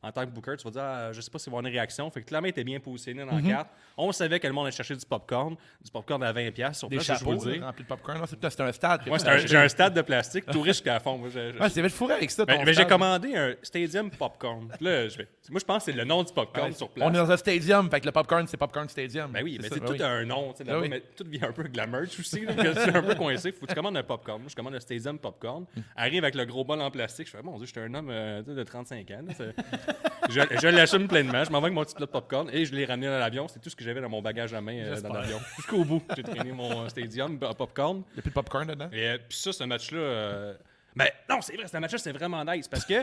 [SPEAKER 5] En tant que booker, tu vas dire, ah, je sais pas s'il va y avoir une réaction. Fait que clairement, il était bien positionné dans la carte. On savait que le monde allait chercher du popcorn. Du popcorn à 20$ sur
[SPEAKER 3] Des
[SPEAKER 5] place, ça, je vous
[SPEAKER 3] chapeaux
[SPEAKER 5] le dis.
[SPEAKER 3] là, remplis de popcorn. là. C'est putain, c'est un stade.
[SPEAKER 5] Moi, c'est un- j'ai un stade de plastique, tout riche qu'à fond. Moi, je- je-
[SPEAKER 3] Ouais, Ah, c'est fait fourré avec ça. ton
[SPEAKER 5] mais mais j'ai
[SPEAKER 3] stade.
[SPEAKER 5] commandé un Stadium Popcorn. Puis Là, je vais- Moi, je pense que c'est le nom du popcorn sur place.
[SPEAKER 3] On est dans un stadium, fait que le popcorn, c'est Popcorn Stadium.
[SPEAKER 5] Ben oui, mais
[SPEAKER 3] ça,
[SPEAKER 5] c'est
[SPEAKER 3] ben
[SPEAKER 5] tout
[SPEAKER 3] oui.
[SPEAKER 5] un nom, tu sais, là-bas,
[SPEAKER 3] oui.
[SPEAKER 5] mais tout devient un peu de la merch aussi, là, que c'est un peu coincé. Faut que tu commandes un popcorn. Moi, je commande un Stadium Popcorn.
[SPEAKER 3] Mm.
[SPEAKER 5] Arrive avec le gros bol en plastique. Je fais, mon Dieu, j'étais un homme euh, tu sais, de 35 ans. là, c'est- je je l'assume pleinement. Je m'en vais avec mon petit plat de popcorn et je l'ai ramené dans l'avion. C'est tout ce que j'avais dans mon bagage à main euh, dans l'avion. Jusqu'au bout. J'ai traîné mon euh, Stadium euh, Popcorn.
[SPEAKER 3] Il n'y a plus de popcorn dedans.
[SPEAKER 5] Et euh, puis ça, ce match-là. euh, Ben non, c'est vrai, ce match-là, c'est vraiment nice parce que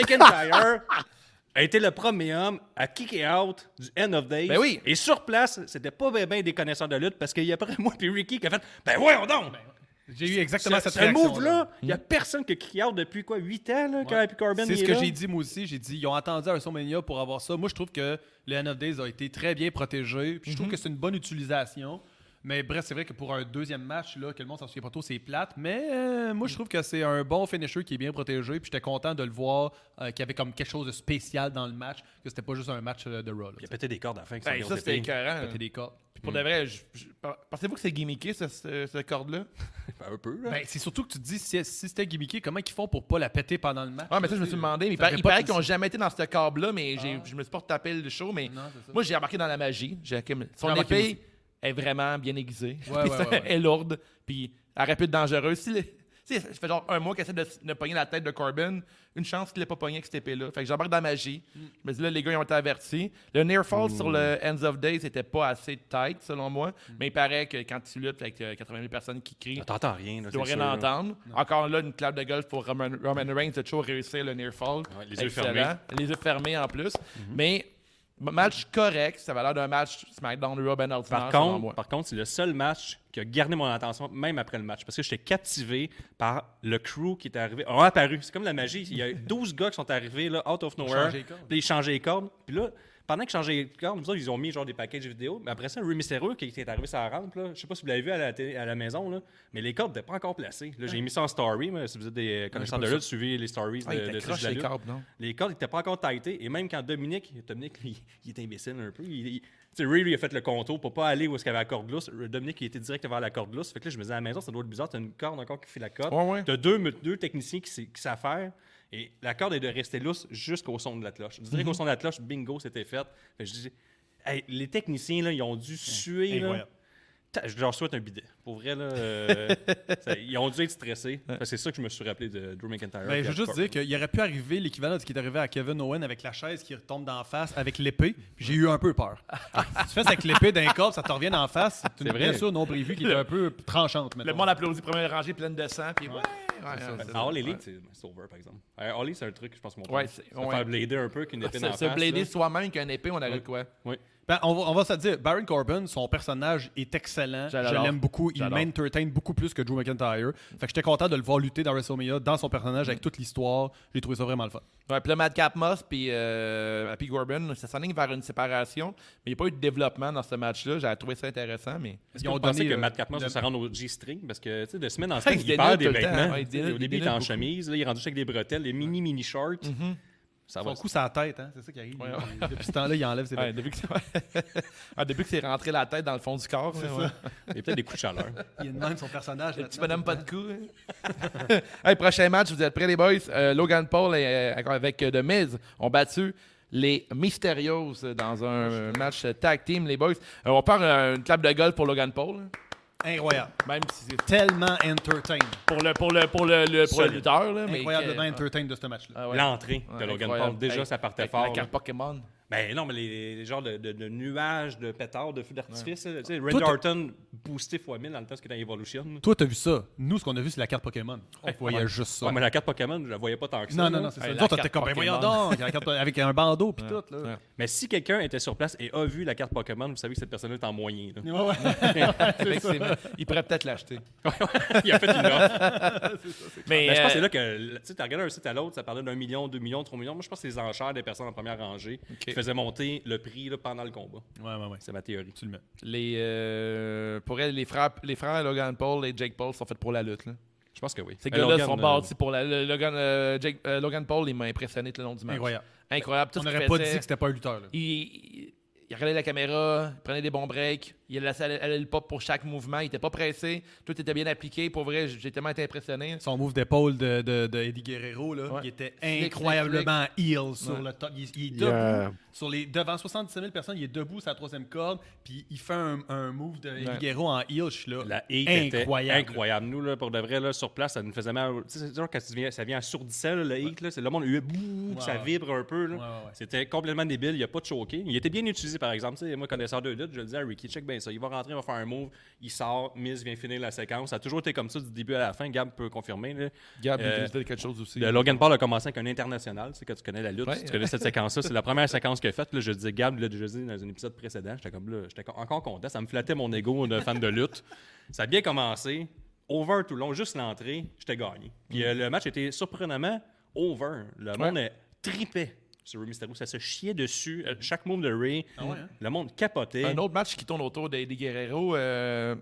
[SPEAKER 5] McIntyre a été le premier homme à kicker out du End of Days.
[SPEAKER 3] Ben oui.
[SPEAKER 5] Et sur place, c'était pas bien des connaisseurs de lutte parce qu'il y a après moi puis Ricky qui a fait Ben Hmm. voyons donc!
[SPEAKER 4] J'ai eu exactement
[SPEAKER 5] Ce,
[SPEAKER 4] cette
[SPEAKER 5] ce
[SPEAKER 4] réaction.
[SPEAKER 5] move-là, il y a personne qui a kick out depuis quoi, 8 ans, là, quand Happy Corbin
[SPEAKER 4] C'est
[SPEAKER 5] il
[SPEAKER 4] ce
[SPEAKER 5] est
[SPEAKER 4] que
[SPEAKER 5] là?
[SPEAKER 4] j'ai dit moi aussi. J'ai dit, ils ont attendu à WrestleMania pour avoir ça. Moi, je trouve que le End of Days a été très bien protégé. Puis je
[SPEAKER 3] Mhm.
[SPEAKER 4] trouve que c'est une bonne utilisation. Mais bref, c'est vrai que pour un deuxième match, là, que le monde s'en souvient pas trop, c'est plate. Mais euh, moi, je trouve que c'est un bon finisher qui est bien protégé. Puis j'étais content de le voir, euh, qu'il y avait comme quelque chose de spécial dans le match, que c'était pas juste un match euh, de Raw. là,
[SPEAKER 5] Il a pété des cordes à la fin. qui sont
[SPEAKER 3] Ben,
[SPEAKER 5] bien
[SPEAKER 3] ça,
[SPEAKER 5] aux
[SPEAKER 3] c'était
[SPEAKER 5] épées.
[SPEAKER 3] écœurant.
[SPEAKER 4] pété des cordes.
[SPEAKER 3] Puis pour de vrai, je- je- pensez-vous que c'est gimmické, ce, ce, ce corde-là?
[SPEAKER 5] Ben, un peu, là.
[SPEAKER 4] Ben, c'est surtout que tu te dis, si, si c'était gimmické, comment ils font pour pas la péter pendant le match?
[SPEAKER 3] Ah, mais ça, je me suis demandé. Mais il,
[SPEAKER 4] Ça
[SPEAKER 3] paraît-
[SPEAKER 4] fait
[SPEAKER 3] il
[SPEAKER 4] pas
[SPEAKER 3] paraît
[SPEAKER 4] de- Ah.
[SPEAKER 3] qu'ils n'ont jamais été dans ce corde-là, mais j'ai- je me suis pas retapé le show. Mais
[SPEAKER 4] Non, c'est ça.
[SPEAKER 3] moi, j'ai remarqué dans la magie. J'ai- comme- son
[SPEAKER 4] remarqué
[SPEAKER 3] épée est vraiment bien aiguisée.
[SPEAKER 4] Ouais,
[SPEAKER 3] Puis
[SPEAKER 4] ouais,
[SPEAKER 3] ça,
[SPEAKER 4] ouais, ouais.
[SPEAKER 3] Elle est lourde. Puis elle aurait pu être dangereuse. Si le- tu sais, ça fait genre un mois qu'elle essaie de, de pogner la tête de Corbin. Une chance qu'il l'ait pas pogné avec cette épée-là. Fait que j'embarque dans la magie.
[SPEAKER 4] Mm.
[SPEAKER 3] Je me dis là, les gars, ils ont été avertis. Le near fall sur le Ends of Days n'était pas assez tight, selon moi.
[SPEAKER 4] Mm.
[SPEAKER 3] Mais il paraît que quand tu luttes avec euh, 80 000 personnes qui crient,
[SPEAKER 5] T'entends rien, là.
[SPEAKER 3] tu dois
[SPEAKER 5] c'est
[SPEAKER 3] rien
[SPEAKER 5] sûr, là.
[SPEAKER 3] entendre. Encore là, une clap de golf pour Roman, Roman Reigns de toujours réussir le near fall.
[SPEAKER 5] Ouais, les yeux
[SPEAKER 3] Excellent.
[SPEAKER 5] fermés. Mhm.
[SPEAKER 3] Les yeux fermés en plus. Mais m- match correct. Ça va l'air d'un match SmackDown Raw Ben
[SPEAKER 5] Par
[SPEAKER 3] ordinaire, selon moi.
[SPEAKER 5] contre, par contre, c'est le seul match qui a gardé mon attention, même après le match, parce que j'étais captivé par le crew qui est arrivé. On apparu. C'est comme la magie. Il y a 12 gars qui sont arrivés, là, out of nowhere.
[SPEAKER 4] changé les
[SPEAKER 5] Puis
[SPEAKER 4] cordes.
[SPEAKER 5] ils changeaient les cordes. Puis là, pendant qu'ils changeaient les cordes, nous autres, ils ont mis genre des packages vidéo. Mais après ça, Remy Mysterio qui est arrivé sur la rampe, là, je sais pas si vous l'avez vu à la, télé- à la maison, là, mais les cordes n'étaient pas encore placées. Là, j'ai mis ça en story. mais si vous êtes des connaisseurs de lutte, suivez les stories
[SPEAKER 3] Ah,
[SPEAKER 5] de,
[SPEAKER 3] il était
[SPEAKER 5] de-
[SPEAKER 3] croche,
[SPEAKER 5] de la
[SPEAKER 3] les
[SPEAKER 5] lutte.
[SPEAKER 3] câbles, non?
[SPEAKER 5] Les cordes n'étaient pas encore tightées. Et même quand Dominique, Dominique, il, il est imbécile un peu. Il, il- tu sais, Ray, lui, a fait le contour pour pas aller où est-ce qu'il y avait la corde lousse. Dominique, il était direct vers la corde lousse. Fait que là, je me disais à la maison, ça doit être bizarre. T'as une corde encore qui fait la corde.
[SPEAKER 3] Ouais, ouais.
[SPEAKER 5] T'as deux, mu- deux techniciens qui, s'a- qui savent faire. Et la corde est de rester lousse jusqu'au son de la cloche. Je dirais
[SPEAKER 4] Mhm.
[SPEAKER 5] qu'au son de la cloche, bingo, c'était fait. Fait que je dis, hey, les techniciens, là, ils ont dû suer. Là.
[SPEAKER 4] incroyable.
[SPEAKER 5] Ta- Je leur souhaite un bidet. Pour vrai, là, euh, ça- ils ont dû être stressés. Fait que C'est ça que je me suis rappelé de Drew McIntyre.
[SPEAKER 4] Ben,
[SPEAKER 5] puis
[SPEAKER 4] je veux juste dire
[SPEAKER 5] Hardcore.
[SPEAKER 4] qu'il aurait pu arriver l'équivalent de ce qui est arrivé à Kevin Owen avec la chaise qui retombe d'en face avec l'épée. puis J'ai eu un peu peur. tu fais ça avec l'épée d'un corps, ça te revient d'en face. C'est une
[SPEAKER 5] vrai.
[SPEAKER 4] blessure non prévue qui est un peu tranchante.
[SPEAKER 3] Le
[SPEAKER 4] mettons.
[SPEAKER 3] monde applaudit, première rangée pleine de sang. Puis ouais, ouais, ouais, c'est
[SPEAKER 5] Ah, All
[SPEAKER 3] ça.
[SPEAKER 5] Elite, c'est c'est over, par exemple. Euh, All Elite, c'est un truc, je pense, mon
[SPEAKER 3] Ouais, c'est-
[SPEAKER 5] c'est
[SPEAKER 3] ouais.
[SPEAKER 5] faire blader un peu qu'une épée dans la
[SPEAKER 3] Se- Se
[SPEAKER 5] face,
[SPEAKER 3] blader
[SPEAKER 5] là.
[SPEAKER 3] soi-même qu'un épée, on aurait de quoi?
[SPEAKER 4] Ben, on, va, on va se le dire, Baron Corbin, son personnage est excellent.
[SPEAKER 3] Je l'adore.
[SPEAKER 4] Je l'aime beaucoup. Il
[SPEAKER 3] J'adore.
[SPEAKER 4] m'entertain beaucoup plus que Drew McIntyre. Fait que j'étais content de le voir lutter dans WrestleMania, dans son personnage, avec toute l'histoire. J'ai trouvé ça vraiment le fun.
[SPEAKER 3] Ouais, puis là, Madcap Moss puis euh, Happy Corbin, ça s'enligne vers une séparation, mais il n'y a pas eu de développement dans ce match-là. J'ai trouvé ça intéressant, mais...
[SPEAKER 5] Est-ce
[SPEAKER 4] Ils
[SPEAKER 5] que
[SPEAKER 4] ont
[SPEAKER 5] vous pensez
[SPEAKER 4] donné,
[SPEAKER 5] que
[SPEAKER 4] euh,
[SPEAKER 5] Matt Capman
[SPEAKER 4] le-
[SPEAKER 5] va se rendre au G-string? Parce que, tu sais, de semaine en
[SPEAKER 3] il
[SPEAKER 5] semaine,
[SPEAKER 3] se
[SPEAKER 5] il perd
[SPEAKER 3] dénule
[SPEAKER 5] des
[SPEAKER 3] tout le temps.
[SPEAKER 5] vêtements.
[SPEAKER 3] Ouais, il se
[SPEAKER 5] Tu sais,
[SPEAKER 3] dénule-
[SPEAKER 5] au
[SPEAKER 3] il
[SPEAKER 5] début, il était
[SPEAKER 3] dénule
[SPEAKER 5] en
[SPEAKER 3] beaucoup. Mm-hmm.
[SPEAKER 5] chemise. Là, il est rendu avec des bretelles, des mini, mini shorts. Ça va.
[SPEAKER 4] Son coup, sa tête, hein? c'est ça qui arrive.
[SPEAKER 3] Ouais.
[SPEAKER 4] Depuis ce temps-là, il enlève ses
[SPEAKER 3] Ouais, Ah, depuis que c'est Ah, depuis que c'est rentré la tête dans le fond du corps, c'est ça.
[SPEAKER 5] Il y a peut-être des coups de chaleur.
[SPEAKER 4] Il est de même son personnage.
[SPEAKER 3] Le petit
[SPEAKER 4] là-dedans.
[SPEAKER 3] bonhomme pas de coup. hein. hey, prochain match, vous êtes prêts les boys? Euh, Logan Paul et, euh, avec euh, The Miz ont battu les Mysterios dans un euh, match tag team, les boys. Euh, on part euh, une clap de golf pour Logan Paul. hein.
[SPEAKER 4] Incroyable.
[SPEAKER 3] Même si c'est
[SPEAKER 4] Tellement entertain.
[SPEAKER 3] pour le pour le pour le, le- pour le
[SPEAKER 5] Solide.
[SPEAKER 3] lutteur là, mais
[SPEAKER 4] Incroyablement
[SPEAKER 3] que-
[SPEAKER 4] entertain de ce match-là.
[SPEAKER 3] Ah ouais.
[SPEAKER 5] L'entrée
[SPEAKER 3] Ouais,
[SPEAKER 5] de Logan
[SPEAKER 3] incroyable.
[SPEAKER 5] Paul, déjà,
[SPEAKER 3] Hey,
[SPEAKER 5] ça partait
[SPEAKER 3] avec
[SPEAKER 5] fort.
[SPEAKER 3] La carte Pokémon.
[SPEAKER 5] Ben non, mais les, les genres de, de- de nuages de pétards, de feux d'artifice. là, Tu sais,
[SPEAKER 4] Toi,
[SPEAKER 5] Red
[SPEAKER 4] t'as-
[SPEAKER 5] Orton boosté fois 1000 dans le temps, ce qui est dans Evolution.
[SPEAKER 4] Toi, t'as vu ça. Nous, ce qu'on a vu, c'est la carte Pokémon. On voyait juste ça.
[SPEAKER 5] Ouais, mais la carte Pokémon, je la voyais pas tant que ça.
[SPEAKER 4] Non,
[SPEAKER 5] là.
[SPEAKER 4] non, non, c'est ça.
[SPEAKER 3] Hey,
[SPEAKER 4] Nous
[SPEAKER 3] la
[SPEAKER 4] autres, on
[SPEAKER 3] carte
[SPEAKER 4] était comme, ben voyons
[SPEAKER 3] Pokémon.
[SPEAKER 4] donc, la carte- avec un bandeau puis tout. Là.
[SPEAKER 5] Mais si quelqu'un était sur place et a vu la carte Pokémon, vous savez que cette personne est en moyen. là.
[SPEAKER 4] Ouais, ouais.
[SPEAKER 3] Effectivement, il pourrait peut-être l'acheter.
[SPEAKER 5] Il a fait une offre.
[SPEAKER 3] Mais
[SPEAKER 5] Ben, je pense que c'est
[SPEAKER 3] euh,
[SPEAKER 5] là que, tu sais, t'as regardé un site à l'autre, ça parlait d'un million, deux millions, trois millions. Moi, je pense que c'est les enchères des personnes en première rangée qui faisaient monter le prix là, pendant le combat.
[SPEAKER 4] Ouais, ouais, ouais.
[SPEAKER 5] C'est ma théorie.
[SPEAKER 4] Absolument.
[SPEAKER 3] les euh, pour elle, les frères les frères Logan Paul et Jake Paul sont faits pour la lutte là.
[SPEAKER 5] Je pense que oui.
[SPEAKER 3] Ces
[SPEAKER 5] Mais
[SPEAKER 3] gars-là
[SPEAKER 5] Logan,
[SPEAKER 3] sont
[SPEAKER 5] euh,
[SPEAKER 3] bâtis pour la le- Logan euh, Jake- euh, Logan Paul, il m'a impressionné tout le long du match.
[SPEAKER 4] Incroyable.
[SPEAKER 3] Incroyable, tout
[SPEAKER 4] On
[SPEAKER 3] ce qu'il
[SPEAKER 4] n'aurait pas dit
[SPEAKER 3] faisait.
[SPEAKER 4] que c'était pas un lutteur. Là.
[SPEAKER 3] il, il- il regardait la caméra, il prenait des bons breaks, il laissait aller, aller le pop pour chaque mouvement, il était pas pressé, tout était bien appliqué. Pour vrai, j'ai tellement été impressionné.
[SPEAKER 4] Son move d'épaule de, de, de Eddie Guerrero, là,
[SPEAKER 3] Ouais.
[SPEAKER 4] il était
[SPEAKER 3] clic,
[SPEAKER 4] incroyablement heel sur
[SPEAKER 3] Ouais.
[SPEAKER 4] le top. Il, il est
[SPEAKER 6] Il y
[SPEAKER 4] debout.
[SPEAKER 6] a-
[SPEAKER 4] Sur les, devant 77 000 personnes, il est debout sa troisième corde, puis il fait un, un move de Eddie
[SPEAKER 3] Ouais.
[SPEAKER 4] Guerrero en heel. Je suis là.
[SPEAKER 5] La hate
[SPEAKER 4] Incroyable.
[SPEAKER 5] était incroyable. Nous, là, pour de vrai, là, sur place, ça nous faisait mal. Tu sais, c'est sûr, quand tu viens- ça vient en sourdissant, là, le hate, là, c'est le monde, eu bouh, puis ça
[SPEAKER 4] ouais.
[SPEAKER 5] vibre un peu. là.
[SPEAKER 4] Ouais, ouais, ouais.
[SPEAKER 5] C'était complètement débile, il n'y a pas de choqué. Il était bien utilisé, par exemple. Tu sais, moi, connaisseur de lutte, je le disais à Ricky, check bien ça. Il va rentrer, il va faire un move, il sort, Miz vient finir la séquence. Ça a toujours été comme ça du début à la fin. Gab peut confirmer. là.
[SPEAKER 3] Gab,
[SPEAKER 5] Euh,
[SPEAKER 3] il quelque chose aussi.
[SPEAKER 5] Le Logan Paul a commencé avec un international. Tu sais, quand tu connais la lutte,
[SPEAKER 3] Ouais.
[SPEAKER 5] si tu connais cette séquence-là. C'est la première séquence qu'il a faite. là. Je disais, Gab, là, déjà dit dans un épisode précédent, j'étais comme là, j'étais co- encore content. Ça me flattait mon ego d'un fan de lutte. Ça a bien commencé. Over tout le long, juste l'entrée, j'étais gagné. Puis euh, le match était surprenamment over. Le monde euh, tripait sur Rey Mysterio. Ça se chiait dessus. Euh, Chaque move de Ray, le monde capotait.
[SPEAKER 3] Ah hein? Un autre match qui tourne autour d'Eddie Guerrero. euh,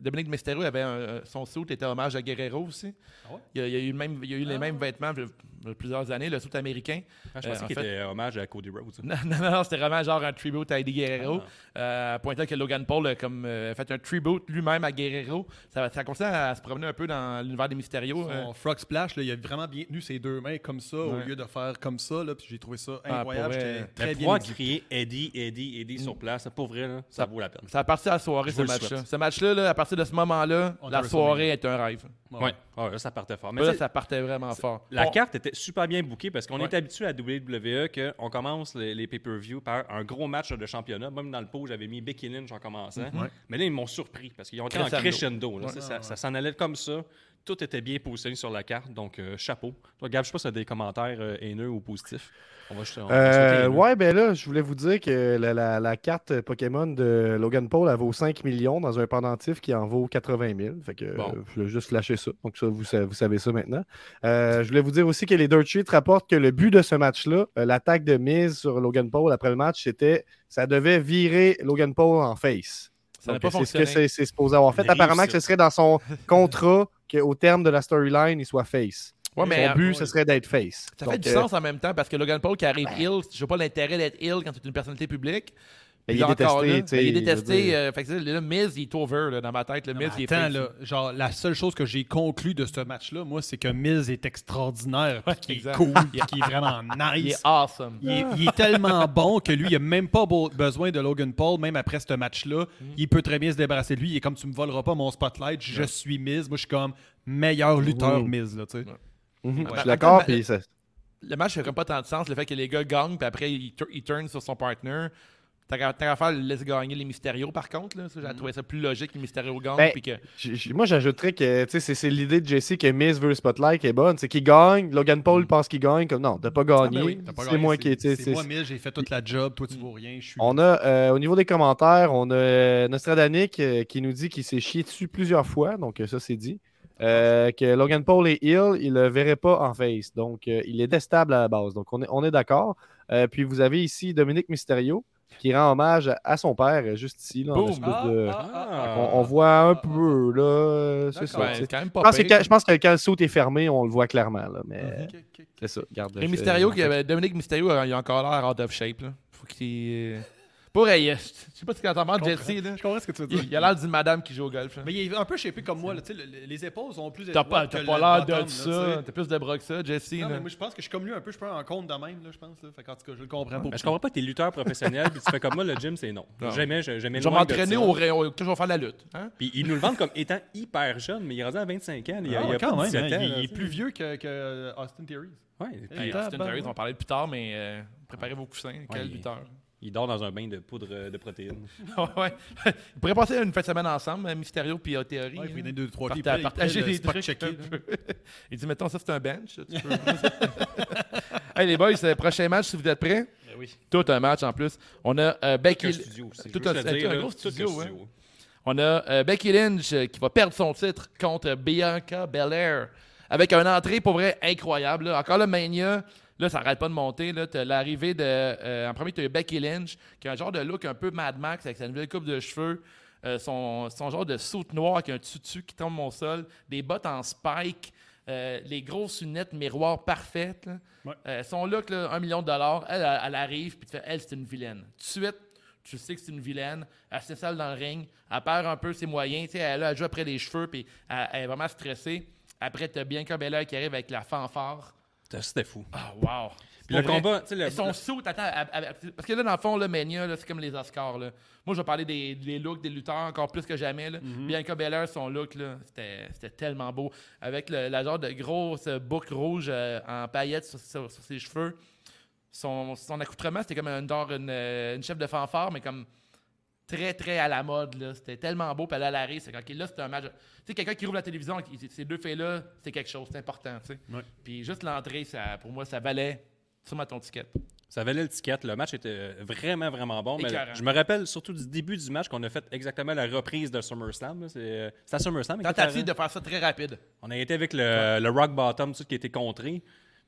[SPEAKER 3] Dominique Mysterio avait un- euh, son suit était hommage à Guerrero aussi.
[SPEAKER 5] Ah
[SPEAKER 4] ouais?
[SPEAKER 3] il, y a, il y a eu, le même, il y a eu les mêmes vêtements de- de plusieurs années, le suit américain.
[SPEAKER 5] Ah, je
[SPEAKER 3] Euh,
[SPEAKER 5] pensais
[SPEAKER 3] en
[SPEAKER 5] qu'il
[SPEAKER 3] fait-
[SPEAKER 5] était hommage à Cody Rhodes. ça.
[SPEAKER 3] Non, non, non, c'était vraiment genre un tribute à Eddie Guerrero.
[SPEAKER 5] Ah.
[SPEAKER 3] Euh, pointant que Logan Paul a comme, euh, fait un tribute lui-même à Guerrero. Ça, ça continue à se promener un peu dans l'univers des Mysterio.
[SPEAKER 4] Son
[SPEAKER 3] euh.
[SPEAKER 4] frog splash, là, il a vraiment bien tenu ses deux mains comme ça au
[SPEAKER 3] Ouais.
[SPEAKER 4] lieu de faire comme ça. Là, puis j'ai trouvé ça
[SPEAKER 3] Ah,
[SPEAKER 4] incroyable.
[SPEAKER 3] pour vrai.
[SPEAKER 4] J'étais
[SPEAKER 5] Mais
[SPEAKER 4] très bien
[SPEAKER 5] pouvoir
[SPEAKER 4] exécuté.
[SPEAKER 5] crier Eddie, Eddie, Eddie sur place, pour vrai, là, ça vaut la peine.
[SPEAKER 3] Mm. Ça a parti à la soirée,
[SPEAKER 5] Je
[SPEAKER 3] ce
[SPEAKER 5] vous le
[SPEAKER 3] match-là.
[SPEAKER 5] souhaite.
[SPEAKER 3] Ce match-là, là, à partir de ce moment-là,
[SPEAKER 4] On
[SPEAKER 3] la
[SPEAKER 4] te
[SPEAKER 3] soirée est un rêve.
[SPEAKER 4] Ouais.
[SPEAKER 5] Ouais. Ouais, Ah, là, ça partait fort. Mais
[SPEAKER 3] Là,
[SPEAKER 5] tu sais,
[SPEAKER 3] ça partait vraiment fort.
[SPEAKER 5] la
[SPEAKER 3] On-
[SPEAKER 5] carte était super bien bookée parce qu'on
[SPEAKER 3] Ouais.
[SPEAKER 5] est habitué à WWE qu'on commence les, les pay-per-view par un gros match de championnat. Même dans le pot, j'avais mis Becky Lynch en commençant.
[SPEAKER 3] Mhm.
[SPEAKER 5] Mais là, ils m'ont surpris parce qu'ils ont été en
[SPEAKER 3] Crescendo.
[SPEAKER 5] crescendo. là.
[SPEAKER 3] Ouais.
[SPEAKER 5] Tu sais, Ça, ça s'en allait comme ça. Tout était bien positionné sur la carte, donc euh, chapeau. Toi, Gab, je sais pas si tu as des commentaires euh, haineux ou positifs. On va juste. on va
[SPEAKER 6] Euh,
[SPEAKER 5] sauter haineux.
[SPEAKER 6] ouais, ben là, je voulais vous dire que la, la- la carte Pokémon de Logan Paul, elle vaut 5 millions dans un pendentif qui en vaut 80 000. Fait que
[SPEAKER 3] Bon.
[SPEAKER 6] euh, je voulais juste lâcher ça. Donc ça, vous, sa- vous savez ça maintenant. Euh, je voulais vous dire aussi que les Dirt Sheets rapportent que le but de ce match-là, euh, l'attaque de mise sur Logan Paul après le match, c'était ça devait virer Logan Paul en face.
[SPEAKER 3] Ça n'a
[SPEAKER 6] Donc,
[SPEAKER 3] pas
[SPEAKER 6] c'est ce
[SPEAKER 3] fonctionné.
[SPEAKER 6] que c'est c'est supposé avoir fait.
[SPEAKER 5] Mais
[SPEAKER 6] Apparemment
[SPEAKER 5] réussi.
[SPEAKER 6] que ce serait dans son contrat qu'au terme de la storyline, il soit face.
[SPEAKER 3] Ouais, mais,
[SPEAKER 6] Son but,
[SPEAKER 3] euh,
[SPEAKER 6] ce serait d'être face.
[SPEAKER 3] Ça
[SPEAKER 6] Donc,
[SPEAKER 3] fait du
[SPEAKER 6] euh,
[SPEAKER 3] sens en même temps parce que Logan Paul qui arrive ill, je vois pas l'intérêt d'être ill quand tu es une personnalité publique.
[SPEAKER 6] ben, il
[SPEAKER 3] Puis
[SPEAKER 6] est
[SPEAKER 3] là, encore là,
[SPEAKER 6] détesté. tu
[SPEAKER 3] ben,
[SPEAKER 6] sais,
[SPEAKER 3] il est
[SPEAKER 6] je veux
[SPEAKER 3] détesté.
[SPEAKER 6] dire.
[SPEAKER 3] euh, fait que c'est- là, Miz, il est over là, dans ma tête. Le
[SPEAKER 4] Non,
[SPEAKER 3] Miz,
[SPEAKER 4] mais
[SPEAKER 3] il est
[SPEAKER 4] attends,
[SPEAKER 3] face.
[SPEAKER 4] là, genre, la seule chose que j'ai conclue de ce match-là, moi, c'est que Miz est extraordinaire, puis qu'il est
[SPEAKER 3] exact.
[SPEAKER 4] cool, puis qu'il est vraiment
[SPEAKER 3] Il
[SPEAKER 4] nice.
[SPEAKER 3] est awesome.
[SPEAKER 4] Il est, il est tellement bon que lui, il n'a même pas beau- besoin de Logan Paul, même après ce match-là.
[SPEAKER 3] Mm.
[SPEAKER 4] Il peut très bien se débarrasser de lui. Il est comme tu me voleras pas mon spotlight, je suis Miz. Moi, je suis comme meilleur lutteur
[SPEAKER 6] Mhm.
[SPEAKER 4] Miz. Là, tu sais.
[SPEAKER 6] Mhm,
[SPEAKER 3] Ouais.
[SPEAKER 6] Je suis d'accord,
[SPEAKER 3] Attends,
[SPEAKER 6] puis ça-
[SPEAKER 3] Le match fait comme pas tant de sens, le fait que les gars gagnent, puis après, ils tur- ils turn sur son partner. T'as qu'à t'as qu'à faire, laisse gagner les Mysterio par contre. là. Ça, J'ai trouvé ça plus logique que les Mysterio gagnent.
[SPEAKER 6] Mm-hmm. Ben,
[SPEAKER 3] puis que...
[SPEAKER 6] j- j- moi j'ajouterais que tu sais, c'est c'est l'idée de Jesse que Miz veut le spotlight qui est bonne. C'est qu'il gagne, Logan Paul pense qu'il gagne, comme non, t'as pas gagné.
[SPEAKER 4] Mm. Ah ben oui, t'as pas
[SPEAKER 6] c'est
[SPEAKER 4] gagné,
[SPEAKER 6] moi qui. tu sais,
[SPEAKER 4] C'est moi,
[SPEAKER 6] c'est-
[SPEAKER 4] Miz, j'ai fait toute la job, toi, tu
[SPEAKER 3] Mm.
[SPEAKER 4] vaux rien. Je
[SPEAKER 3] Ah,
[SPEAKER 4] suis...
[SPEAKER 6] On a, euh, au niveau des commentaires, on a euh, Nostradanic euh, qui nous dit qu'il s'est chié dessus plusieurs fois, donc euh, ça c'est dit. Euh, que Logan Paul est ill, il le verrait pas en face. Donc euh, il est déstable à la base. Donc on est, on est d'accord. Euh, puis vous avez ici Dominique Mysterio qui rend hommage à, à son père, euh, juste ici, là, en
[SPEAKER 3] Boom.
[SPEAKER 6] espèce de-
[SPEAKER 5] ah,
[SPEAKER 6] on, on voit un peu, là. euh, C'est ça.
[SPEAKER 3] Ben,
[SPEAKER 6] tu sais.
[SPEAKER 3] c'est quand même
[SPEAKER 6] Je
[SPEAKER 3] pas
[SPEAKER 6] pense, que,
[SPEAKER 3] pire.
[SPEAKER 6] quand- je pense que quand le saut est fermé, on le voit clairement. Là, mais c'est ça. Garde
[SPEAKER 3] euh, Et Mysterio, qui avait- Dominique Mysterio, il a encore l'air out of shape. là. Faut qu'il. Pareil, euh, je sais pas ce qu'il entend mal, Jesse. là.
[SPEAKER 4] Je comprends ce que tu veux dire.
[SPEAKER 3] Il il a l'air d'une madame qui joue au golf. là.
[SPEAKER 4] Mais il est un peu shapé comme moi, là, tu sais, le- le- les épaules sont plus
[SPEAKER 3] T'as pas,
[SPEAKER 4] étroites
[SPEAKER 3] t'as
[SPEAKER 4] que
[SPEAKER 3] pas
[SPEAKER 4] le
[SPEAKER 3] l'air
[SPEAKER 4] bottom,
[SPEAKER 3] de
[SPEAKER 4] là, tu
[SPEAKER 3] ça.
[SPEAKER 4] sais.
[SPEAKER 3] T'es plus de bras que ça, Jesse.
[SPEAKER 4] Non,
[SPEAKER 3] là.
[SPEAKER 4] mais moi, je pense que je suis comme lui un peu, je prends en compte de même, là, je pense. Là. Fait qu'en tout cas, je le comprends.
[SPEAKER 5] Mais je comprends pas, t'es lutteur professionnel, puis tu fais comme moi, le gym, c'est non.
[SPEAKER 3] Non.
[SPEAKER 5] Jamais, je- jamais
[SPEAKER 3] Je
[SPEAKER 5] loin
[SPEAKER 3] vais
[SPEAKER 5] de
[SPEAKER 3] m'entraîner
[SPEAKER 5] ça.
[SPEAKER 3] au rayon. Je vais faire de la lutte. hein.
[SPEAKER 5] Puis ils nous le vendent comme étant hyper jeune, mais il est rendu à 25 ans. Il y a,
[SPEAKER 4] Ah,
[SPEAKER 5] il y a
[SPEAKER 4] quand
[SPEAKER 5] pas
[SPEAKER 4] même,
[SPEAKER 5] 17
[SPEAKER 4] hein,
[SPEAKER 5] ans,
[SPEAKER 4] il,
[SPEAKER 5] là,
[SPEAKER 4] il est
[SPEAKER 5] tu
[SPEAKER 4] plus vieux que, que, euh, Austin Theory.
[SPEAKER 5] sais. Ouais, puis
[SPEAKER 3] Hey,
[SPEAKER 4] Ah,
[SPEAKER 3] Austin
[SPEAKER 4] ben,
[SPEAKER 3] Theory,
[SPEAKER 4] ouais.
[SPEAKER 3] on va parler plus tard, mais euh, préparez vos coussins. Quel
[SPEAKER 5] il-
[SPEAKER 3] lutteur.
[SPEAKER 5] il dort dans un bain de poudre euh, de protéines.
[SPEAKER 3] ouais. Ils pourraient passer une fin de semaine ensemble, euh, Mysterio puis euh, Theory. hein.
[SPEAKER 4] deux, trois
[SPEAKER 3] Parta- partager
[SPEAKER 4] euh,
[SPEAKER 3] des trucs. un peu. Il dit, mettons, ça, c'est un bench. là, tu peux- hey, les boys, euh, prochain match, si vous êtes prêts.
[SPEAKER 5] oui.
[SPEAKER 3] Tout un match en plus. On a euh,
[SPEAKER 5] Avec un
[SPEAKER 3] Becky,
[SPEAKER 5] studio aussi.
[SPEAKER 3] tout
[SPEAKER 5] je veux
[SPEAKER 3] Ben un-
[SPEAKER 5] juste le
[SPEAKER 3] tout un
[SPEAKER 5] là,
[SPEAKER 3] gros
[SPEAKER 5] tout un
[SPEAKER 3] studio, hein. ouais. on a, euh, Becky Lynch euh, qui va perdre son titre contre Bianca Belair avec une entrée pour vrai incroyable. là. Encore le Mania. Là, ça arrête pas de monter. Là, T'as l'arrivée de. euh, en premier, tu as Becky Lynch, qui a un genre de look un peu Mad Max avec sa nouvelle coupe de cheveux, euh, son, son genre de soute noire avec un tutu qui tombe au sol, des bottes en spike, euh, les grosses lunettes miroirs parfaites. là.
[SPEAKER 4] Ouais.
[SPEAKER 3] Euh, son look, là, un million de dollars, elle, elle, elle arrive, puis tu fais, elle, c'est une vilaine. Tout de suite, tu sais que c'est une vilaine, elle s'étale dans le ring, elle perd un peu ses moyens, tu sais, elle, elle joue après les cheveux, puis elle, elle est vraiment stressée. Après, t'as Bianca Belair qui arrive avec la fanfare.
[SPEAKER 5] Putain, C'était fou.
[SPEAKER 3] Ah, wow!
[SPEAKER 5] Puis le
[SPEAKER 3] Pour vrai.
[SPEAKER 5] combat, tu sais, le-
[SPEAKER 3] Et son saut, attends, à- à- à- parce que là, dans le fond, le Mania, là, c'est comme les Oscars. Là. Moi, je vais parler des, des looks des lutteurs encore plus que jamais. Là. Bianca Belair, son look, là, c'était, c'était tellement beau. Avec le- la genre de grosse euh, boucle rouge euh, en paillettes sur, sur- sur ses cheveux. Son, son accoutrement, c'était comme une, genre une, euh, une chef de fanfare, mais comme très, très à la mode. Là. C'était tellement beau. Puis elle, elle arrive, c'est quand là, c'était un match. Tu sais, quelqu'un qui rouvre la télévision, qui- ces deux filles-là, c'est quelque chose, c'est important. tu sais.
[SPEAKER 4] Ouais.
[SPEAKER 3] Puis juste l'entrée, ça, pour moi, ça valait sûrement ton ticket.
[SPEAKER 5] Ça valait le ticket. Le match était vraiment, vraiment bon. Mais
[SPEAKER 3] Écœurant.
[SPEAKER 5] je me rappelle surtout du début du match qu'on a fait exactement la reprise de SummerSlam. là. C'est euh, c'est à SummerSlam. écoute,
[SPEAKER 3] Tentative
[SPEAKER 5] avant.
[SPEAKER 3] de faire ça très rapide.
[SPEAKER 5] On a été avec le, le Rock Bottom, tout qui a été contré.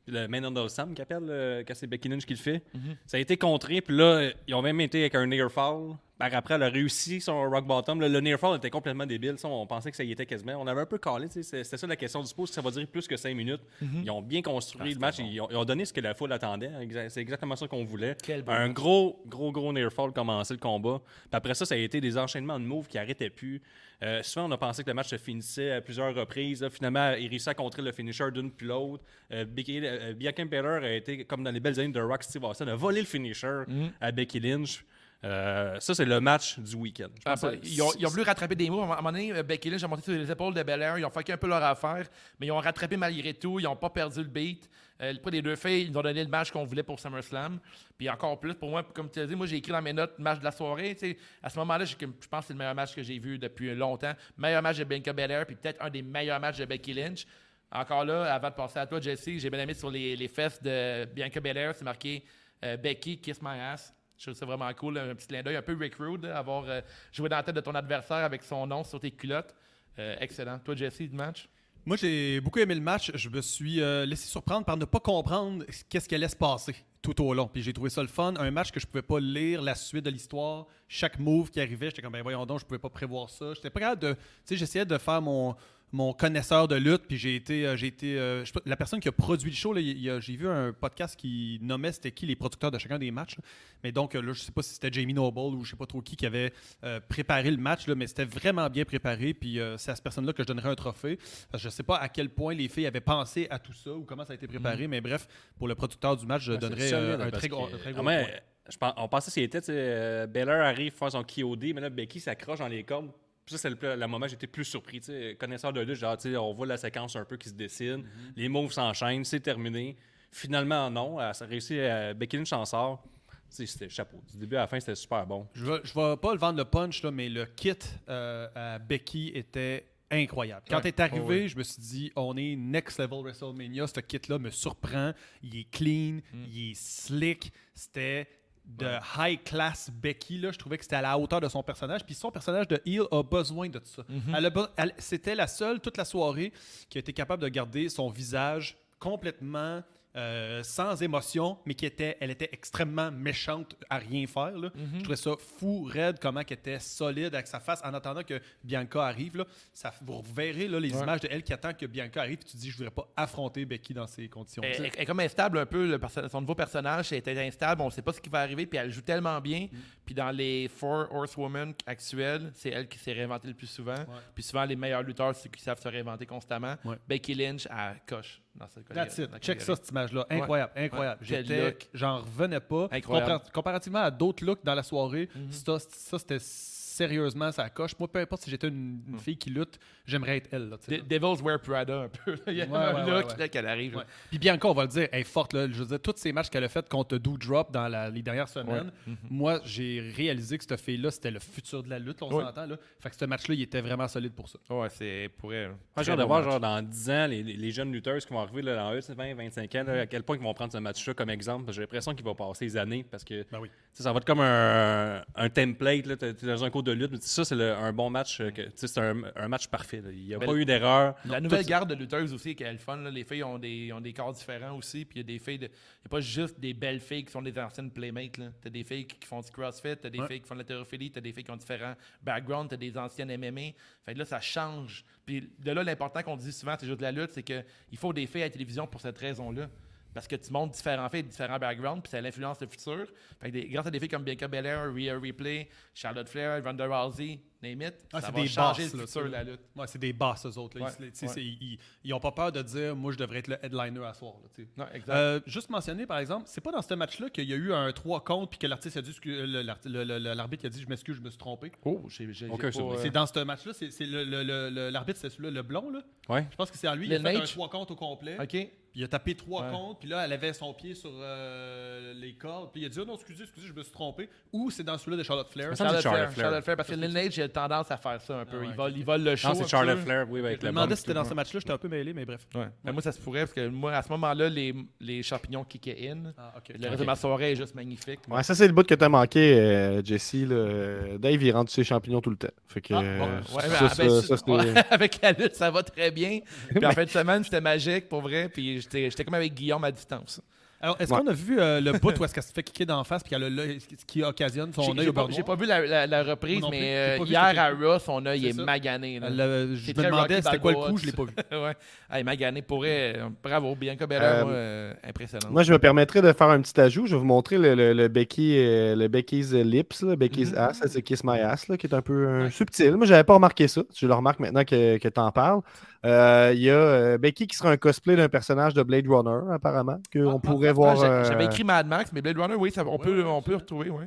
[SPEAKER 5] Puis le Man on the Sam, qui appelle, euh, quand c'est Becky Lynch qui le fait. Ça a été contré. Puis là, euh, ils ont même été avec un near fall. Par après, elle a réussi son Rock Bottom. Là, le near fall était complètement débile. Ça, on pensait que ça y était quasiment. On avait un peu calé. tu sais. C'est- C'était ça la question du pouce. Ça va durer plus que 5 minutes. Ils ont bien construit le match. Ils, ont, ils ont donné ce que la foule attendait. hein, Exa- C'est exactement ça qu'on voulait.
[SPEAKER 3] Quel beau
[SPEAKER 5] un gros, gros, gros near fall commençait le combat. Puis après ça, ça a été des enchaînements de moves qui arrêtaient plus. Euh, souvent, on a pensé que le match se finissait à plusieurs reprises. là. Finalement, il réussit à contrer le finisher d'une puis l'autre. Euh, Becky- euh, Bianca Belair a été, comme dans les belles années de Rock Steve Austin, a volé le finisher à Becky Lynch. Euh, ça, c'est le match du week-end. Je pense
[SPEAKER 3] Après,
[SPEAKER 5] que-
[SPEAKER 3] ils, ont, ils ont voulu rattraper des moves. À un moment donné, euh, Becky Lynch a monté sur les épaules de Belair. Ils ont fucké un peu leur affaire, mais ils ont rattrapé malgré tout. Ils n'ont pas perdu le beat. Euh, le poids des deux filles, ils nous ont donné le match qu'on voulait pour SummerSlam. Puis encore plus, pour moi, comme tu as dit, moi j'ai écrit dans mes notes match de la soirée. Tu sais, à ce moment-là, j'ai comme- je pense que c'est le meilleur match que j'ai vu depuis longtemps. Meilleur match de Bianca Belair, puis peut-être un des meilleurs matchs de Becky Lynch. Encore là, avant de passer à toi, Jesse, j'ai bien aimé sur les, les fesses de Bianca Belair. C'est marqué euh, Becky, kiss my ass. Je trouve ça vraiment cool, là, un petit clin d'œil, un peu Rick Rude, là, avoir euh, joué dans la tête de ton adversaire avec son nom sur tes culottes. Euh, excellent. Toi, Jesse, du match?
[SPEAKER 4] Moi, j'ai beaucoup aimé le match. Je me suis euh, laissé surprendre par ne pas comprendre qu'est-ce qu'elle laisse passer tout au long. Puis j'ai trouvé ça le fun. Un match que je pouvais pas lire la suite de l'histoire. Chaque move qui arrivait, j'étais comme, ben voyons donc, je pouvais pas prévoir ça. J'étais pas capable de. Tu sais, j'essayais de faire mon, mon connaisseur de lutte. Puis j'ai été. euh, j'ai été euh, je sais pas, la personne qui a produit le show, là, il y a- j'ai vu un podcast qui nommait c'était qui les producteurs de chacun des matchs. là. Mais donc, euh, là, je sais pas si c'était Jamie Noble ou je sais pas trop qui qui avait euh, préparé le match, là, mais c'était vraiment bien préparé. Puis euh, c'est à cette personne-là que je donnerais un trophée. Parce que je sais pas à quel point les filles avaient pensé à tout ça ou comment ça a été préparé, mais bref, pour le producteur du match, je
[SPEAKER 5] Ouais, Mm. Ben, c'est
[SPEAKER 4] donnerais
[SPEAKER 5] solide,
[SPEAKER 4] euh,
[SPEAKER 5] parce
[SPEAKER 4] un, très
[SPEAKER 5] que-
[SPEAKER 4] gros, un très gros
[SPEAKER 5] Ah, mais,
[SPEAKER 4] point.
[SPEAKER 5] je pense- on pensait que c'était, tu sais, euh, Belair arrive faire son KOD, mais là, Becky s'accroche dans les cordes. Puis ça, c'est le, pla- le moment où j'étais plus surpris. tu sais. Connaisseur de lutte, genre, tu sais, on voit la séquence un peu qui se dessine,
[SPEAKER 4] Mhm.
[SPEAKER 5] les moves s'enchaînent, c'est terminé. Finalement, non, elle a réussi, à- Becky Lynch s'en sort. Tu sais, C'était chapeau. Du début à la fin, c'était super bon.
[SPEAKER 4] Je vais, je vais pas le vendre le punch, là, mais le kit euh, à Becky était incroyable. Quand
[SPEAKER 3] Ouais.
[SPEAKER 4] elle est arrivée,
[SPEAKER 3] Oh oui.
[SPEAKER 4] je me suis dit, on est next level WrestleMania. Ce kit-là me surprend. Il est clean,
[SPEAKER 3] Hmm.
[SPEAKER 4] il est slick. C'était de high class Becky. Là. Je trouvais que c'était à la hauteur de son personnage. Puis son personnage de heel a besoin de tout ça.
[SPEAKER 3] Mhm.
[SPEAKER 4] Elle a be- elle- c'était la seule, toute la soirée, qui a été capable de garder son visage complètement euh, sans émotion, mais qui était, elle était extrêmement méchante à rien faire. là.
[SPEAKER 3] Mhm.
[SPEAKER 4] Je trouvais ça fou, raide, comment qu'elle était solide avec sa face en attendant que Bianca arrive. Là, ça, vous verrez là, les
[SPEAKER 3] Ouais.
[SPEAKER 4] images de elle qui attend que Bianca arrive, puis tu te dis, je voudrais pas affronter Becky dans ces conditions.
[SPEAKER 3] Elle, elle- elle est comme instable un peu, le perso- son nouveau personnage elle était instable, on ne sait pas ce qui va arriver, puis elle joue tellement bien. Puis dans les Four Horsewomen actuelles, c'est elle qui s'est réinventée le plus souvent. Puis souvent, les meilleurs lutteurs, c'est ceux qui savent se réinventer constamment.
[SPEAKER 4] Ouais.
[SPEAKER 3] Becky Lynch, elle coche dans cette
[SPEAKER 4] That's
[SPEAKER 3] dans
[SPEAKER 4] it.
[SPEAKER 3] la
[SPEAKER 4] Check
[SPEAKER 3] catégorie.
[SPEAKER 4] ça, cette image-là. Incroyable, incroyable.
[SPEAKER 3] Ouais. Quel
[SPEAKER 4] J'étais,
[SPEAKER 3] look.
[SPEAKER 4] j'en revenais pas.
[SPEAKER 3] Incroyable. Mhm.
[SPEAKER 4] Compar- comparativement à d'autres looks dans la soirée, ça, ça, c'était sérieusement ça coche. Moi, peu importe si j'étais une,
[SPEAKER 3] Mhm.
[SPEAKER 4] une fille qui lutte, j'aimerais être elle. là, tu sais.
[SPEAKER 3] De- Devils Wear Prada un peu. là. Il y a
[SPEAKER 4] Ouais,
[SPEAKER 3] un
[SPEAKER 4] ouais,
[SPEAKER 3] look
[SPEAKER 4] ouais,
[SPEAKER 3] là, qu'elle arrive.
[SPEAKER 4] Ouais. Puis Bianca, on va le dire, elle est forte. Là. Je veux dire, tous ces matchs qu'elle a fait contre Doudrop dans la- les dernières semaines,
[SPEAKER 3] Mm-hmm.
[SPEAKER 4] moi, j'ai réalisé que cette fille-là, c'était le futur de la lutte, là, on
[SPEAKER 3] Ouais.
[SPEAKER 4] s'entend. Là. Fait que ce match-là, il était vraiment solide pour ça.
[SPEAKER 3] Ouais, c'est pour elle.
[SPEAKER 5] Moi, j'ai
[SPEAKER 3] Très
[SPEAKER 5] hâte de
[SPEAKER 3] bon
[SPEAKER 5] voir,
[SPEAKER 3] match.
[SPEAKER 5] genre, dans 10 ans, les, les- les jeunes lutteurs qui vont arriver là, dans eux, 20, 25 ans, là, à quel point ils vont prendre ce match-là comme exemple. parce que J'ai l'impression qu'il va passer les années parce que
[SPEAKER 4] Ben oui.
[SPEAKER 5] tu sais, ça va être comme un, un template. là. T'es t'es dans un cours de lutte, mais ça, c'est le- un bon match. euh, que- tu sais, C'est un, un match parfait. là. Il n'y a
[SPEAKER 3] Ben,
[SPEAKER 5] pas eu d'erreur.
[SPEAKER 3] La nouvelle garde de lutteuses aussi qui est le fun. là. Les filles ont des, ont des corps différents aussi. Puis il y a des filles. de- Il n'y a pas juste des belles filles qui sont des anciennes playmates. là. T'as des filles qui qui font du crossfit, t'as des
[SPEAKER 4] Ouais.
[SPEAKER 3] filles qui font de l'hétérophilie, t'as des filles qui ont différents backgrounds, t'as des anciennes MMA. Fait que là, ça change. Puis de là, l'important qu'on dit souvent, c'est juste de la lutte, c'est qu'il faut des filles à la télévision pour cette raison-là. Parce que tu montres différents faits, différents backgrounds, puis ça influence le futur. Fait que des- grâce à des filles comme Bianca Belair, Rhea Ripley, Charlotte Flair, Ronda Rousey, name it,
[SPEAKER 4] Ah,
[SPEAKER 3] ça
[SPEAKER 4] c'est
[SPEAKER 3] va
[SPEAKER 4] des
[SPEAKER 3] changer
[SPEAKER 4] bosses,
[SPEAKER 3] le
[SPEAKER 4] là,
[SPEAKER 3] futur de
[SPEAKER 4] ça.
[SPEAKER 3] la lutte.
[SPEAKER 4] Ouais, c'est des boss, eux autres. là.
[SPEAKER 3] Ouais,
[SPEAKER 4] Ils, se- tu sais,
[SPEAKER 3] ouais.
[SPEAKER 4] c'est- ils- ils ont pas peur de dire, moi, je devrais être le headliner à soir. là, tu sais.
[SPEAKER 3] Non, exact.
[SPEAKER 4] Euh, juste mentionner, par exemple, c'est pas dans ce match-là qu'il y a eu un 3 contre puis que l'artiste a dit, excu- euh, le- l'art- le- le- le- l'arbitre a dit, je m'excuse, je me suis trompé.
[SPEAKER 3] Oh, j'ai j'ai- j'ai
[SPEAKER 5] Aucun
[SPEAKER 3] pas,
[SPEAKER 5] souvenir.
[SPEAKER 3] euh,
[SPEAKER 4] C'est dans ce match-là, c'est c'est le- le- le- le- l'arbitre, c'est celui-là, le blond, là.
[SPEAKER 5] Ouais.
[SPEAKER 4] Je pense que c'est à lui, il a
[SPEAKER 3] Lil
[SPEAKER 4] fait un
[SPEAKER 3] Mage?
[SPEAKER 4] 3 contre au complet.
[SPEAKER 3] OK.
[SPEAKER 4] Il a tapé 3
[SPEAKER 3] Ouais.
[SPEAKER 4] contre, puis là, elle avait son pied sur euh, les cordes. Puis il a dit, oh non, excusez, excusez, je me suis trompé. Ou c'est dans celui-là de Charlotte Flair.
[SPEAKER 5] Mais ça-
[SPEAKER 3] Charlotte
[SPEAKER 5] Charlotte
[SPEAKER 3] Flair,
[SPEAKER 5] Flair.
[SPEAKER 3] Charlotte Flair, parce que Lil Nate, j'ai tendance à faire ça un peu.
[SPEAKER 4] Ah ouais,
[SPEAKER 3] il, vole,
[SPEAKER 4] ok.
[SPEAKER 3] il vole le show.
[SPEAKER 5] Non,
[SPEAKER 3] un
[SPEAKER 5] c'est Charlotte
[SPEAKER 3] peu.
[SPEAKER 5] Flair, oui, avec
[SPEAKER 4] Je
[SPEAKER 5] le
[SPEAKER 4] me
[SPEAKER 5] bump
[SPEAKER 4] demandais
[SPEAKER 5] et
[SPEAKER 4] si c'était
[SPEAKER 5] tout.
[SPEAKER 4] dans ce match-là, j'étais un peu mêlé, mais bref.
[SPEAKER 3] Ouais. Mais moi, ça se pourrait, parce que moi, à ce moment-là, les, les champignons kickaient in.
[SPEAKER 4] Ah, ok.
[SPEAKER 3] Le reste de ma soirée est juste magnifique.
[SPEAKER 6] Ouais, ça, c'est le bout que t'as manqué, euh, Jesse. là. Euh, Dave, il rentre ses champignons tout le temps. Fait que,
[SPEAKER 3] Ah,
[SPEAKER 6] euh,
[SPEAKER 3] bon, ouais,
[SPEAKER 6] ça,
[SPEAKER 3] ben,
[SPEAKER 6] ça,
[SPEAKER 3] ben,
[SPEAKER 6] ça,
[SPEAKER 3] si-
[SPEAKER 6] c'est-
[SPEAKER 3] ouais, avec la lutte, ça va très bien. Puis en fin de semaine, c'était magique, pour vrai. Puis j'étais j'étais comme avec Guillaume à distance.
[SPEAKER 4] Alors, est-ce
[SPEAKER 6] Ouais.
[SPEAKER 4] qu'on a vu euh, le bout où est-ce qu'elle se fait kicker d'en face, puis elle a l'œil- ce qui occasionne son
[SPEAKER 3] J'ai
[SPEAKER 4] œil
[SPEAKER 3] j'ai
[SPEAKER 4] au
[SPEAKER 3] pas,
[SPEAKER 4] bord
[SPEAKER 3] j'ai pas vu la, la- la reprise,
[SPEAKER 4] Moi non plus,
[SPEAKER 3] mais
[SPEAKER 4] j'ai
[SPEAKER 3] euh,
[SPEAKER 4] pas vu
[SPEAKER 3] hier
[SPEAKER 4] c'était
[SPEAKER 3] à Raw, son œil
[SPEAKER 4] C'est
[SPEAKER 3] est
[SPEAKER 4] ça.
[SPEAKER 3] magané. là.
[SPEAKER 4] euh, Je
[SPEAKER 3] C'est
[SPEAKER 4] me
[SPEAKER 3] très Rocky
[SPEAKER 4] demandais c'était quoi le
[SPEAKER 3] Balboa,
[SPEAKER 4] coup,
[SPEAKER 3] tout
[SPEAKER 4] je l'ai pas vu.
[SPEAKER 3] ouais. Hey, magané pour vrai, euh, Bravo, Bianca Belair,
[SPEAKER 6] Euh,
[SPEAKER 3] moi, euh, impressionnant.
[SPEAKER 6] Moi, je me permettrais de faire un petit ajout. Je vais vous montrer le, le, le Becky, euh, le Becky's Lips, là,
[SPEAKER 3] Mhm.
[SPEAKER 6] Becky's Ass, là, c'est Kiss My Ass, là, qui est un peu euh, subtil. Moi, j'avais pas remarqué ça. Je le remarque maintenant que, que t'en parles. Euh, Il y a euh, Becky qui sera un cosplay d'un personnage de Blade Runner, apparemment, qu'on pourrait
[SPEAKER 3] Ah,
[SPEAKER 6] voir.
[SPEAKER 3] j'a-
[SPEAKER 6] euh,
[SPEAKER 3] J'avais écrit Mad Max, mais Blade Runner, oui, ça- on, peut, on peut retrouver, oui.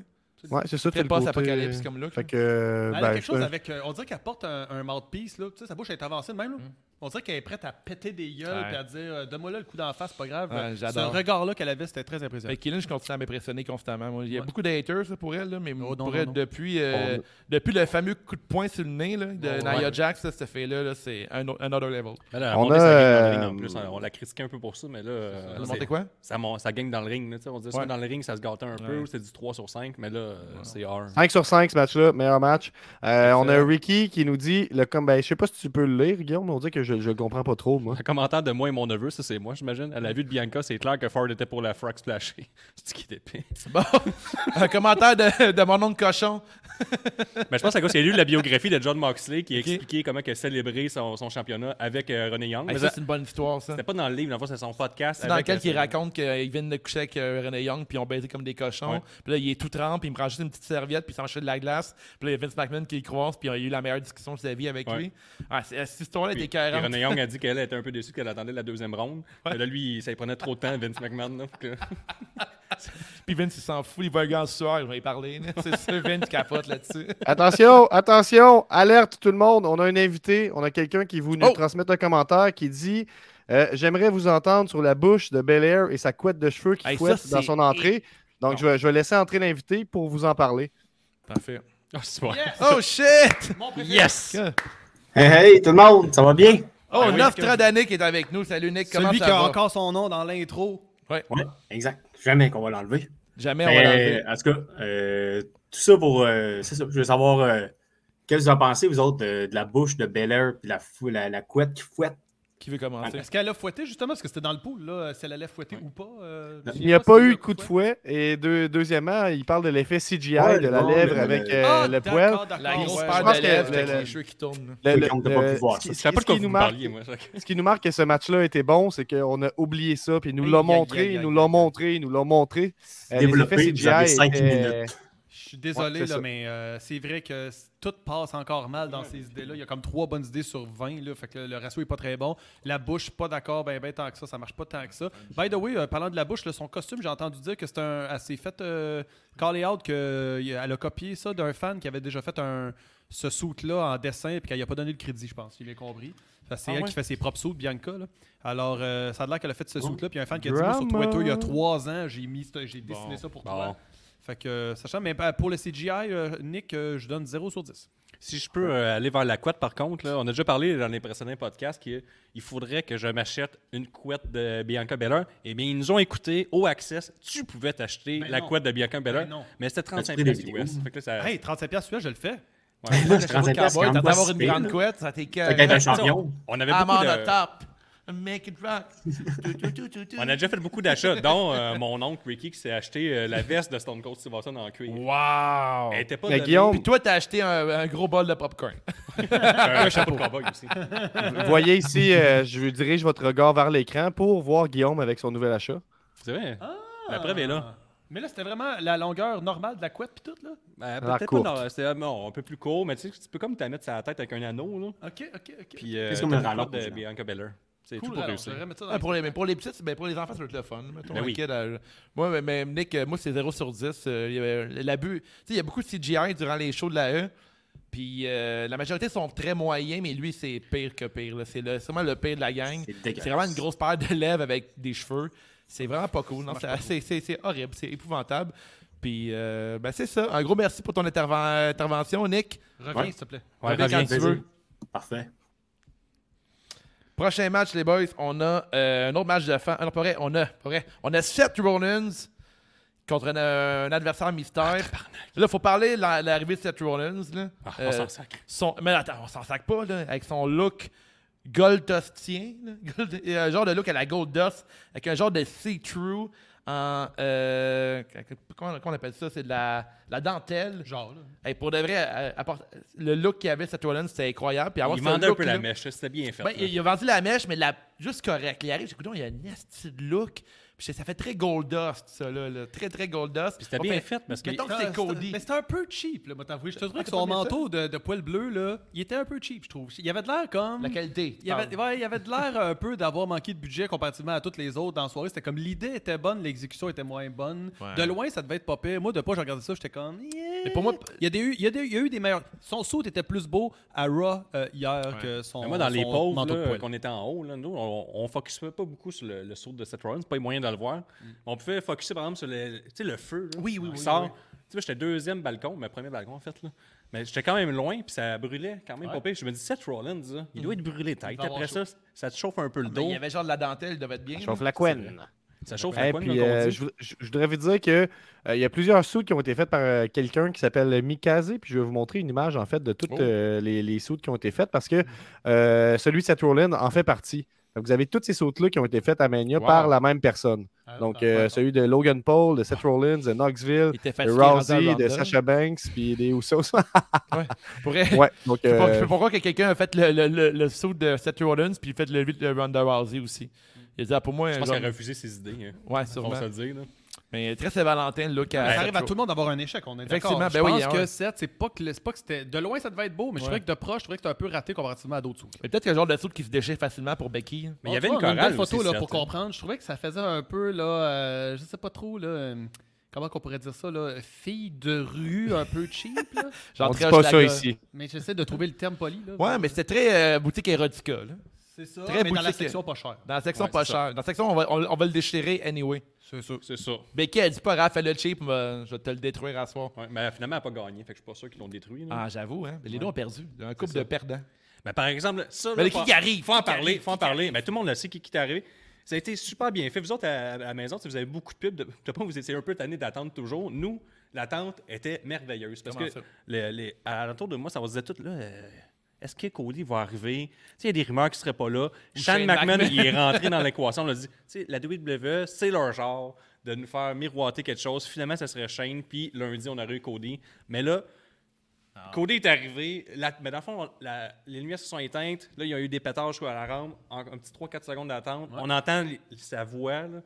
[SPEAKER 6] Ouais, c'est ça,
[SPEAKER 3] Très
[SPEAKER 6] t'as le côté...
[SPEAKER 3] post-apocalypse comme look.
[SPEAKER 6] Fait que, euh,
[SPEAKER 4] Elle
[SPEAKER 6] ben,
[SPEAKER 4] a quelque chose
[SPEAKER 6] je-
[SPEAKER 4] avec. euh, on dirait qu'elle porte un, un mouthpiece, là. Tu sais, sa bouche est avancée de même, là. On dirait qu'elle est prête à péter des gueules
[SPEAKER 3] Hum. Ouais.
[SPEAKER 4] et à dire euh, Donne-moi là le coup d'en face, c'est pas grave.
[SPEAKER 3] Ouais,
[SPEAKER 4] Ce
[SPEAKER 3] j'adore.
[SPEAKER 4] regard-là qu'elle avait, c'était très impressionnant.
[SPEAKER 3] Fait que Lynch, je continue à m'impressionner constamment. moi. Il y a
[SPEAKER 4] Ouais. Oh,
[SPEAKER 3] beaucoup de haters là, pour elle, là, mais
[SPEAKER 4] non,
[SPEAKER 3] pour
[SPEAKER 4] non,
[SPEAKER 3] elle,
[SPEAKER 4] non.
[SPEAKER 3] depuis, euh, depuis le fameux coup de poing sur le nez là, de
[SPEAKER 4] Ouais,
[SPEAKER 3] Nia
[SPEAKER 4] ouais.
[SPEAKER 3] Jax, là, cette fille-là, là, c'est un, au- un other level.
[SPEAKER 5] Elle, elle a
[SPEAKER 6] On
[SPEAKER 5] monté
[SPEAKER 6] a,
[SPEAKER 5] sa gang dans le
[SPEAKER 6] euh,
[SPEAKER 5] ring, en plus. hein, On la critiquait un peu pour ça, mais là, euh,
[SPEAKER 3] Elle a
[SPEAKER 5] c'est-
[SPEAKER 3] monté quoi?
[SPEAKER 5] ça, mon- ça gagne dans le ring. là, tu sais, on disait
[SPEAKER 3] Ouais.
[SPEAKER 5] souvent dans le ring, ça se gâtait un
[SPEAKER 3] Ouais.
[SPEAKER 5] peu, c'est du 3 sur 5, mais là, euh, c'est R.
[SPEAKER 6] 5 sur 5, ce match-là, meilleur match. Euh, on a Ricky qui nous dit le com- ben, Je sais pas si tu peux le lire, Guillaume, on dit que je, je le comprends pas trop, moi.
[SPEAKER 5] Un commentaire de moi et mon neveu, ça c'est moi, j'imagine. À la vue de Bianca, c'est clair que Ford était pour la frac splashée. C'est qui d'épée.
[SPEAKER 3] Bon, un commentaire de, de mon nom de cochon.
[SPEAKER 5] Mais je pense à cause qu'il a lu la biographie de John Moxley qui
[SPEAKER 3] Ok.
[SPEAKER 5] expliquait comment que célébrer son, son championnat avec euh, René Young.
[SPEAKER 3] Hey,
[SPEAKER 5] Mais
[SPEAKER 3] ça,
[SPEAKER 5] ça-
[SPEAKER 3] c'est une bonne histoire, ça.
[SPEAKER 5] c'était pas dans le livre, dans le fond, c'est son podcast.
[SPEAKER 3] C'est dans
[SPEAKER 5] avec,
[SPEAKER 3] lequel
[SPEAKER 5] euh,
[SPEAKER 3] il
[SPEAKER 5] son-
[SPEAKER 3] raconte qu'ils viennent de coucher avec euh, René Young, puis ils ont baisé comme des cochons.
[SPEAKER 5] Ouais.
[SPEAKER 3] Puis là, il est tout trempe, puis il me prend juste une petite serviette, puis il s'enchaîne de la glace. Puis là, il y a Vince McMahon qui y croise, puis il y a eu la meilleure discussion de sa vie avec
[SPEAKER 5] Ouais.
[SPEAKER 3] lui. Ah, c'est- cette histoire-là était
[SPEAKER 5] Puis, puis
[SPEAKER 3] écœurante.
[SPEAKER 5] René Young a dit qu'elle était un peu déçue qu'elle attendait la deuxième ronde. Mais là, lui, ça lui prenait trop de temps, Vince McMahon. là, que-
[SPEAKER 3] Puis Vince, il s'en fout, il va un gars en sueur, il va y parler. là. C'est sûr, Vince capote là-dessus.
[SPEAKER 6] Attention, attention, alerte tout le monde. On a un invité, on a quelqu'un qui vous nous
[SPEAKER 3] Oh!
[SPEAKER 6] transmettre un commentaire qui dit euh, J'aimerais vous entendre sur la bouche de Bel Air et sa couette de cheveux qui
[SPEAKER 3] Hey, ça,
[SPEAKER 6] fouette dans
[SPEAKER 3] c'est-
[SPEAKER 6] son entrée. Donc, je vais, je vais laisser entrer l'invité pour vous en parler.
[SPEAKER 3] Parfait.
[SPEAKER 5] Ah, c'est bon.
[SPEAKER 3] Oh shit!
[SPEAKER 4] Mon préféré.
[SPEAKER 5] Yes!
[SPEAKER 7] Hey, hey, tout le monde, ça va bien?
[SPEAKER 3] Oh,
[SPEAKER 5] Ah oui,
[SPEAKER 3] Nostradanic est avec nous. Salut Nick, comment
[SPEAKER 4] Celui qui
[SPEAKER 3] ça
[SPEAKER 4] a
[SPEAKER 3] va?
[SPEAKER 4] encore son nom dans l'intro.
[SPEAKER 7] Ouais, exact. Jamais qu'on va l'enlever.
[SPEAKER 3] Jamais on
[SPEAKER 7] Ben,
[SPEAKER 3] va l'enlever.
[SPEAKER 7] Mais, en tout cas, euh, tout ça pour. euh, c'est ça. Je veux savoir euh, qu'est-ce que vous en pensez, vous autres, de, de la bouche de Bel Air puis la, fou- la, la couette qui fouette.
[SPEAKER 3] Qui veut commencer?
[SPEAKER 4] Est-ce qu'elle a fouetté justement Parce que c'était dans le pool, là. Si elle allait fouetter ou pas euh,
[SPEAKER 7] Non.
[SPEAKER 4] tu
[SPEAKER 6] Il
[SPEAKER 4] sais
[SPEAKER 6] n'y a
[SPEAKER 4] si
[SPEAKER 6] pas
[SPEAKER 4] elle
[SPEAKER 6] eu
[SPEAKER 4] eu
[SPEAKER 6] de coup de fouet. Et deux- deuxièmement, il parle de l'effet CGI
[SPEAKER 7] Ouais,
[SPEAKER 6] de la
[SPEAKER 7] non,
[SPEAKER 6] lèvre
[SPEAKER 7] mais-
[SPEAKER 6] avec euh,
[SPEAKER 4] Ah,
[SPEAKER 6] le
[SPEAKER 4] d'accord,
[SPEAKER 6] poil.
[SPEAKER 4] d'accord.
[SPEAKER 3] La grosse
[SPEAKER 4] Ouais,
[SPEAKER 6] je
[SPEAKER 3] paire
[SPEAKER 6] pense
[SPEAKER 3] de
[SPEAKER 6] que
[SPEAKER 3] lèvres
[SPEAKER 6] le-
[SPEAKER 3] avec
[SPEAKER 6] le-
[SPEAKER 3] les cheveux qui tournent.
[SPEAKER 6] Le-
[SPEAKER 5] Euh,
[SPEAKER 7] Oui,
[SPEAKER 6] le-
[SPEAKER 7] on n'a pas
[SPEAKER 6] le-
[SPEAKER 7] pu voir ça.
[SPEAKER 6] ce qui-
[SPEAKER 5] Je
[SPEAKER 6] ce
[SPEAKER 5] savais
[SPEAKER 6] qui-
[SPEAKER 5] pas de
[SPEAKER 6] ce
[SPEAKER 5] quoi
[SPEAKER 6] qui
[SPEAKER 5] vous
[SPEAKER 6] nous
[SPEAKER 5] me
[SPEAKER 6] marque-
[SPEAKER 5] parliez, moi.
[SPEAKER 6] Ce qui nous marque, c'est que ce match-là était bon, c'est qu'on a oublié ça, puis il nous
[SPEAKER 4] Aïe,
[SPEAKER 6] l'a
[SPEAKER 4] aïe,
[SPEAKER 6] montré,
[SPEAKER 4] aïe,
[SPEAKER 6] il nous
[SPEAKER 4] aïe,
[SPEAKER 6] l'a
[SPEAKER 4] aïe.
[SPEAKER 6] montré, il nous l'a montré. Euh, les
[SPEAKER 7] Développé,
[SPEAKER 6] effets
[SPEAKER 7] vous avez
[SPEAKER 6] CGI
[SPEAKER 7] cinq
[SPEAKER 6] étaient-
[SPEAKER 7] minutes.
[SPEAKER 4] Je suis désolé,
[SPEAKER 6] Ouais, c'est
[SPEAKER 4] là,
[SPEAKER 6] ça.
[SPEAKER 4] mais euh, c'est vrai que c- tout passe encore mal dans ces idées-là. Il y a comme trois bonnes idées sur 20, là, fait que le, le ratio est pas très bon. La bouche, pas d'accord, ben, ben tant que ça, ça marche pas tant que ça. By the way, euh, parlant de la bouche, là, son costume, j'ai entendu dire que c'est un. Elle s'est fait euh, call out qu'elle a copié ça d'un fan qui avait déjà fait un ce suit-là en dessin, puis qu'elle n'a pas donné le crédit, je pense. Il l'a compris. Fait que C'est
[SPEAKER 3] Ah
[SPEAKER 4] elle
[SPEAKER 3] ouais?
[SPEAKER 4] qui fait ses propres sauts, Bianca. là. Alors, euh, ça a l'air qu'elle a fait ce suit-là, puis il y a un fan qui a dit
[SPEAKER 6] Oh. Drama.
[SPEAKER 4] Moi, sur Twitter il y a trois ans, j'ai mis, ce- j'ai dessiné
[SPEAKER 5] Bon.
[SPEAKER 4] ça pour
[SPEAKER 5] Bon.
[SPEAKER 4] toi. Fait que, euh, sachant, mais bah, pour le CGI, euh, Nick, euh, je donne 0 sur 10.
[SPEAKER 5] Si je peux euh, aller vers la couette, par contre, là, on a déjà parlé dans les précédents podcasts qu'il faudrait que je m'achète une couette de Bianca Belair. Eh bien, ils nous ont écouté au Access. Tu pouvais t'acheter
[SPEAKER 4] Ben
[SPEAKER 5] la
[SPEAKER 4] non.
[SPEAKER 5] couette de Bianca Belair,
[SPEAKER 4] Ben non.
[SPEAKER 5] mais c'était 35
[SPEAKER 7] pris des
[SPEAKER 5] pièces
[SPEAKER 7] vidéos.
[SPEAKER 5] US. Fait que là, ça-
[SPEAKER 4] Hey, 35$ celui-là, je le fais.
[SPEAKER 5] ouais.
[SPEAKER 7] Moi, je
[SPEAKER 3] T'as
[SPEAKER 7] prends cette place, quand même pas
[SPEAKER 3] d'avoir
[SPEAKER 7] si
[SPEAKER 3] une
[SPEAKER 7] pire,
[SPEAKER 3] grande
[SPEAKER 7] là.
[SPEAKER 3] couette, ça t'est
[SPEAKER 7] Fait qu'être un
[SPEAKER 3] carré.
[SPEAKER 7] champion.
[SPEAKER 5] On avait
[SPEAKER 3] I'm
[SPEAKER 5] beaucoup
[SPEAKER 3] on
[SPEAKER 5] de-
[SPEAKER 3] the top. Make it rock. Tu, tu, tu, tu, tu.
[SPEAKER 5] On a déjà fait beaucoup d'achats, dont euh, mon oncle Ricky qui s'est acheté euh, la veste de Stone Cold Steve Austin en cuir.
[SPEAKER 3] Wow!
[SPEAKER 5] Elle était pas
[SPEAKER 6] Mais
[SPEAKER 5] donnée.
[SPEAKER 6] Guillaume,
[SPEAKER 3] Puis toi, t'as acheté un, un gros bol de popcorn.
[SPEAKER 5] un chapeau de cowboy aussi.
[SPEAKER 6] Vous voyez ici, euh, je vous dirige votre regard vers l'écran pour voir Guillaume avec son nouvel achat.
[SPEAKER 5] C'est vrai. La preuve est là.
[SPEAKER 4] Mais là, c'était vraiment la longueur normale de la couette, puis tout, là.
[SPEAKER 5] Ben,
[SPEAKER 6] La
[SPEAKER 5] Peut-être pas,
[SPEAKER 6] courte.
[SPEAKER 5] non, c'était euh, non, un peu plus court, mais tu sais, tu peux comme t'en mettre sur la tête avec un anneau. Là.
[SPEAKER 4] Ok, ok, ok.
[SPEAKER 5] Puis euh,
[SPEAKER 7] Qu'est-ce qu'on
[SPEAKER 5] t'as
[SPEAKER 7] met
[SPEAKER 5] la
[SPEAKER 7] dans
[SPEAKER 5] couette de
[SPEAKER 7] l'autre,
[SPEAKER 5] Bianca Belair. C'est
[SPEAKER 4] Cool,
[SPEAKER 5] tout pour
[SPEAKER 4] alors,
[SPEAKER 5] réussir.
[SPEAKER 4] j'aurais mis ça dans
[SPEAKER 3] Ouais, Ah, pour, les, mais pour les petites, ben, pour les enfants, ça doit être le fun. Mettons,
[SPEAKER 5] Ben
[SPEAKER 3] un
[SPEAKER 5] oui.
[SPEAKER 3] kid, euh, moi, mais, mais Nick, euh, moi, c'est 0 sur 10. euh, il y avait l'abus. Tu sais, il y a beaucoup de CGI durant les shows de la E. Puis euh, la majorité sont très moyens, mais lui, c'est pire que pire. là. C'est le- c'est vraiment le pire de la gang.
[SPEAKER 7] C'est dégueulasse.
[SPEAKER 3] C'est vraiment une grosse paire de lèvres avec des cheveux. C'est vraiment pas cool. Non, c'est- C'est c'est- c'est horrible. C'est épouvantable. Puis, euh, ben, c'est ça. Un gros merci pour ton interven- intervention, Nick.
[SPEAKER 4] Reviens,
[SPEAKER 7] Ouais.
[SPEAKER 4] s'il te plaît.
[SPEAKER 5] Ouais,
[SPEAKER 3] Reviens
[SPEAKER 5] reviens.
[SPEAKER 3] quand tu veux.
[SPEAKER 7] Parfait.
[SPEAKER 3] Prochain match, les boys, on a euh, un autre match de fin. Ah non, pas vrai, on a, pas vrai. On a Seth Rollins contre un, euh, un adversaire mystère. là, il faut parler de la- l'arrivée de Seth Rollins. Là.
[SPEAKER 5] Ah,
[SPEAKER 3] Euh,
[SPEAKER 5] on s'en sacre.
[SPEAKER 3] son- mais attends, on s'en sac pas, là, avec son look goldustien. là. Gold- et un genre de look à la gold dust, avec un genre de see-through en. euh, comment, comment on appelle ça C'est de la, la dentelle.
[SPEAKER 4] Genre, là.
[SPEAKER 3] Hey, pour de vrai, euh, apporte- le look qu'il y avait, Seth Rollins, c'était incroyable. Puis avoir
[SPEAKER 5] Il
[SPEAKER 3] ce
[SPEAKER 5] vendait un peu
[SPEAKER 3] look-là-
[SPEAKER 5] la mèche, c'était bien fait.
[SPEAKER 3] ben,
[SPEAKER 5] là.
[SPEAKER 3] il, il a vendu la mèche, mais la, juste correct. Il arrive, écoute, il y a une esti de look. Puis ça fait très gold dust, ça, là. là. Très, très gold dust.
[SPEAKER 5] Puis c'était bien fait parce que.
[SPEAKER 3] mettons- Donc, c'est Cody.
[SPEAKER 4] Mais c'était Ah, un peu cheap, là, moi, t'avouer. Je te dirais
[SPEAKER 3] Ah,
[SPEAKER 4] que
[SPEAKER 3] t'as
[SPEAKER 4] son
[SPEAKER 3] pas aimé
[SPEAKER 4] manteau de, de poil bleu, là, il était un peu cheap, je trouve. Il avait de l'air comme.
[SPEAKER 3] La qualité.
[SPEAKER 4] Il y avait, ouais, il y avait de l'air un peu d'avoir manqué de budget comparativement à toutes les autres dans la soirée. C'était comme l'idée était bonne, l'exécution était moins bonne.
[SPEAKER 3] Ouais.
[SPEAKER 4] De loin, ça devait être pas pire. Moi, de pas, j'ai regardé ça, j'étais comme. yeah.
[SPEAKER 3] Mais pour moi-
[SPEAKER 4] il y, a des eu- il y a des- il y a eu des meilleurs. Son saut était plus beau à Raw euh, hier que son.
[SPEAKER 5] Mais moi, dans les
[SPEAKER 4] son
[SPEAKER 5] pauses,
[SPEAKER 4] manteau de
[SPEAKER 5] là,
[SPEAKER 4] poil.
[SPEAKER 5] qu'on était en haut, là, nous, on, on focusait pas beaucoup sur le, le saut de Seth Rollins. pas les moyens de le voir. On pouvait focuser, par exemple, sur le, tu sais, le feu. là,
[SPEAKER 3] Oui, oui,
[SPEAKER 5] qui
[SPEAKER 3] oui,
[SPEAKER 5] sort.
[SPEAKER 3] oui.
[SPEAKER 5] Tu sais, j'étais deuxième balcon, mais premier balcon, en fait. Là. Mais j'étais quand même loin, puis ça brûlait quand même pas pire. Je me dis, Seth Rollins, là, il doit être brûlé tête.
[SPEAKER 4] doit avoir
[SPEAKER 5] Après ça, ça te chauffe un peu le
[SPEAKER 3] Mais
[SPEAKER 5] dos.
[SPEAKER 3] Ah, ben, il y avait genre de la dentelle, il devait être bien.
[SPEAKER 6] Chauffe la couenne.
[SPEAKER 5] Ça chauffe
[SPEAKER 6] Eh,
[SPEAKER 5] la poigne,
[SPEAKER 6] puis,
[SPEAKER 5] comme on
[SPEAKER 6] euh,
[SPEAKER 5] dit.
[SPEAKER 6] je, vou- je- je voudrais vous dire que euh, il y a plusieurs suits qui ont été faits par euh, quelqu'un qui s'appelle Mikaze. Puis je vais vous montrer une image en fait de toutes
[SPEAKER 5] Oh.
[SPEAKER 6] euh, les, les suits qui ont été faites parce que euh, celui de Seth Rollins en fait partie. Donc, vous avez toutes ces sautes là qui ont été faites à Mania
[SPEAKER 3] Wow.
[SPEAKER 6] par la même personne.
[SPEAKER 4] Ah,
[SPEAKER 6] Donc
[SPEAKER 4] ouais,
[SPEAKER 6] euh,
[SPEAKER 4] ouais.
[SPEAKER 6] celui de Logan Paul, de Seth Rollins, de Knoxville,
[SPEAKER 3] Il était
[SPEAKER 6] de
[SPEAKER 3] fatigué. rendu à
[SPEAKER 6] Rousey, de
[SPEAKER 3] London.
[SPEAKER 6] Sasha Banks, puis des Usos.
[SPEAKER 3] Pour vrai,
[SPEAKER 6] ouais. Donc
[SPEAKER 3] Je sais pas- je
[SPEAKER 6] euh,
[SPEAKER 3] sais pas pourquoi que quelqu'un a fait le, le, le, le saut de Seth Rollins puis il a fait le 8 de Ronda Rousey aussi. Il a dit, ah, pour moi,
[SPEAKER 5] Je pense
[SPEAKER 3] genre-
[SPEAKER 5] qu'elle a refusé ses idées. hein.
[SPEAKER 3] Ouais,
[SPEAKER 5] On
[SPEAKER 3] sûrement.
[SPEAKER 5] va se le dire. là.
[SPEAKER 3] Mais très Saint-Valentin, le look à.
[SPEAKER 4] Ça
[SPEAKER 3] Seth
[SPEAKER 4] arrive à
[SPEAKER 3] Rollins.
[SPEAKER 4] tout le monde d'avoir un échec, on est d'accord.
[SPEAKER 3] Effectivement,
[SPEAKER 4] Je
[SPEAKER 3] ben oui,
[SPEAKER 4] pense
[SPEAKER 3] ouais.
[SPEAKER 4] que Seth, c'est pas que, c'est pas que c'était. De loin, ça devait être beau, mais je trouvais que de proche, je trouvais que c'était un peu raté comparativement à d'autres sauts.
[SPEAKER 3] Mais peut-être que le genre de saut qui se déchire facilement pour Becky. hein.
[SPEAKER 5] Mais il y avait
[SPEAKER 4] On
[SPEAKER 5] une
[SPEAKER 4] voit, on a
[SPEAKER 5] chorale.
[SPEAKER 4] Ah, belle photo
[SPEAKER 5] aussi,
[SPEAKER 4] là,
[SPEAKER 5] Seth,
[SPEAKER 4] pour
[SPEAKER 5] hein.
[SPEAKER 4] comprendre. Je trouvais que ça faisait un peu, là, euh, je sais pas trop, là, euh, comment qu'on pourrait dire ça, là, fille de rue un peu cheap. là.
[SPEAKER 3] Genre
[SPEAKER 6] on dit
[SPEAKER 3] très
[SPEAKER 6] pas
[SPEAKER 3] Hochelaga.
[SPEAKER 6] ça ici.
[SPEAKER 4] Mais j'essaie de trouver le terme poli. Là.
[SPEAKER 3] Ouais, mais c'était très euh, boutique érotica, là.
[SPEAKER 4] c'est ça.
[SPEAKER 3] très
[SPEAKER 4] mais dans la
[SPEAKER 3] boutique.
[SPEAKER 4] section pas chère.
[SPEAKER 3] Dans la section
[SPEAKER 5] Ouais,
[SPEAKER 3] pas
[SPEAKER 5] c'est ça.
[SPEAKER 3] chère. Dans la section, on va, on- on va le déchirer anyway.
[SPEAKER 4] C'est ça.
[SPEAKER 5] C'est ça.
[SPEAKER 3] Becky, elle dit pas Raph, fais-le cheap, mais je vais te le détruire à soir.
[SPEAKER 5] Ouais, mais finalement, elle n'a pas gagné. Fait que je suis pas sûr qu'ils l'ont détruit. là.
[SPEAKER 3] Ah, j'avoue, hein. Les deux ont perdu. Un couple
[SPEAKER 5] ça.
[SPEAKER 3] de perdants.
[SPEAKER 5] Mais par exemple, ça.
[SPEAKER 3] Mais
[SPEAKER 5] là,
[SPEAKER 3] qui
[SPEAKER 5] faut-
[SPEAKER 3] qui arrive,
[SPEAKER 5] Faut en
[SPEAKER 3] qui
[SPEAKER 5] parler.
[SPEAKER 3] arrive,
[SPEAKER 5] Faut en
[SPEAKER 3] qui
[SPEAKER 5] parler. Mais tout le monde le sait qui, qui t'est arrivé. Ça a été super bien fait. Vous autres, à, à la maison, tu sais, vous avez beaucoup de pubs. De, de pas, vous étiez un peu tannés d'attendre toujours. Nous, l'attente était merveilleuse. Parce
[SPEAKER 3] Comment
[SPEAKER 5] que
[SPEAKER 3] ça?
[SPEAKER 5] les, les- à l'entour de moi, ça se disait tout là. euh, est-ce que Cody va arriver? Tu sais, Il y a des rumeurs qui ne seraient pas là.
[SPEAKER 8] Ou
[SPEAKER 5] Shane
[SPEAKER 8] Shane
[SPEAKER 5] McMahon,
[SPEAKER 8] McMahon.
[SPEAKER 5] il est rentré dans l'équation. On a dit, tu sais, la WWE, c'est leur genre de nous faire miroiter quelque chose. Finalement, ça serait Shane, puis lundi, on aurait eu Cody. Mais là, Ah. Cody est arrivé. la- mais dans le fond, la- les lumières se sont éteintes. Là, il y a eu des pétards jusqu'à la rampe. En- un petit 3-4 secondes d'attente. On entend les- sa voix. là.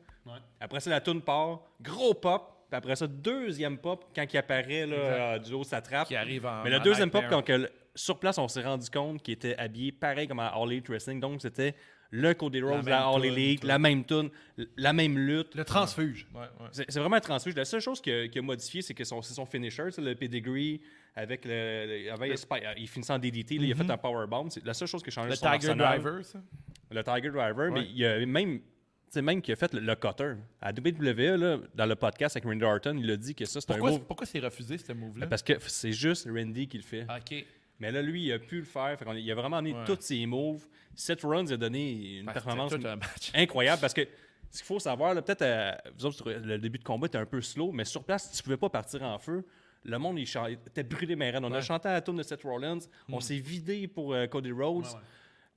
[SPEAKER 5] Après ça, la toune part. Gros pop. Puis après ça, deuxième pop, quand il apparaît là, euh, du haut de sa trappe.
[SPEAKER 3] Qui arrive en-
[SPEAKER 5] Mais le
[SPEAKER 3] en
[SPEAKER 5] deuxième pop,
[SPEAKER 3] nightmare.
[SPEAKER 5] quand que le- sur place, on s'est rendu compte qu'il était habillé pareil comme à All Elite Wrestling. Donc, c'était le Cody Rhodes,
[SPEAKER 4] même
[SPEAKER 5] la, All
[SPEAKER 4] toune,
[SPEAKER 5] Elite,
[SPEAKER 4] tout.
[SPEAKER 5] la même tune, la même lutte.
[SPEAKER 4] Le transfuge.
[SPEAKER 5] C'est c'est vraiment un transfuge. La seule chose qu'il a, qu'il a modifié, c'est que son, c'est son finisher, tu sais, le pedigree, avec le. le- avant, il, spi- euh, il finissait en DDT, là, il a fait un powerbomb. C'est la seule chose qui a changé
[SPEAKER 3] Mm-hmm. Le
[SPEAKER 5] sur son
[SPEAKER 3] Tiger
[SPEAKER 5] arsenal.
[SPEAKER 3] Driver, ça.
[SPEAKER 5] Le Tiger Driver, mais il a même. tu sais, même qu'il a fait le, le cutter. À WWE, là, dans le podcast avec Randy Orton, il a dit que ça, c'est un
[SPEAKER 3] Pourquoi,
[SPEAKER 5] move.
[SPEAKER 3] pourquoi c'est refusé, ce move-là?
[SPEAKER 5] Parce que c'est juste Randy qui le fait.
[SPEAKER 8] OK.
[SPEAKER 5] Mais là, lui, il a pu le faire. Fait qu'on- il a vraiment amené
[SPEAKER 3] Ah. Ouais.
[SPEAKER 5] tous ses moves. Seth Runs a donné une
[SPEAKER 3] Ah, c'était
[SPEAKER 5] performance
[SPEAKER 3] tout un match.
[SPEAKER 5] incroyable parce que ce qu'il faut savoir, là, peut-être, euh, vous autres, le début de combat était un peu slow, mais sur place, tu pouvais pas partir en feu. Le monde, il chan- était brûlé, mais On a chanté à la tourne de Seth Rollins. On s'est vidé pour euh, Cody Rhodes.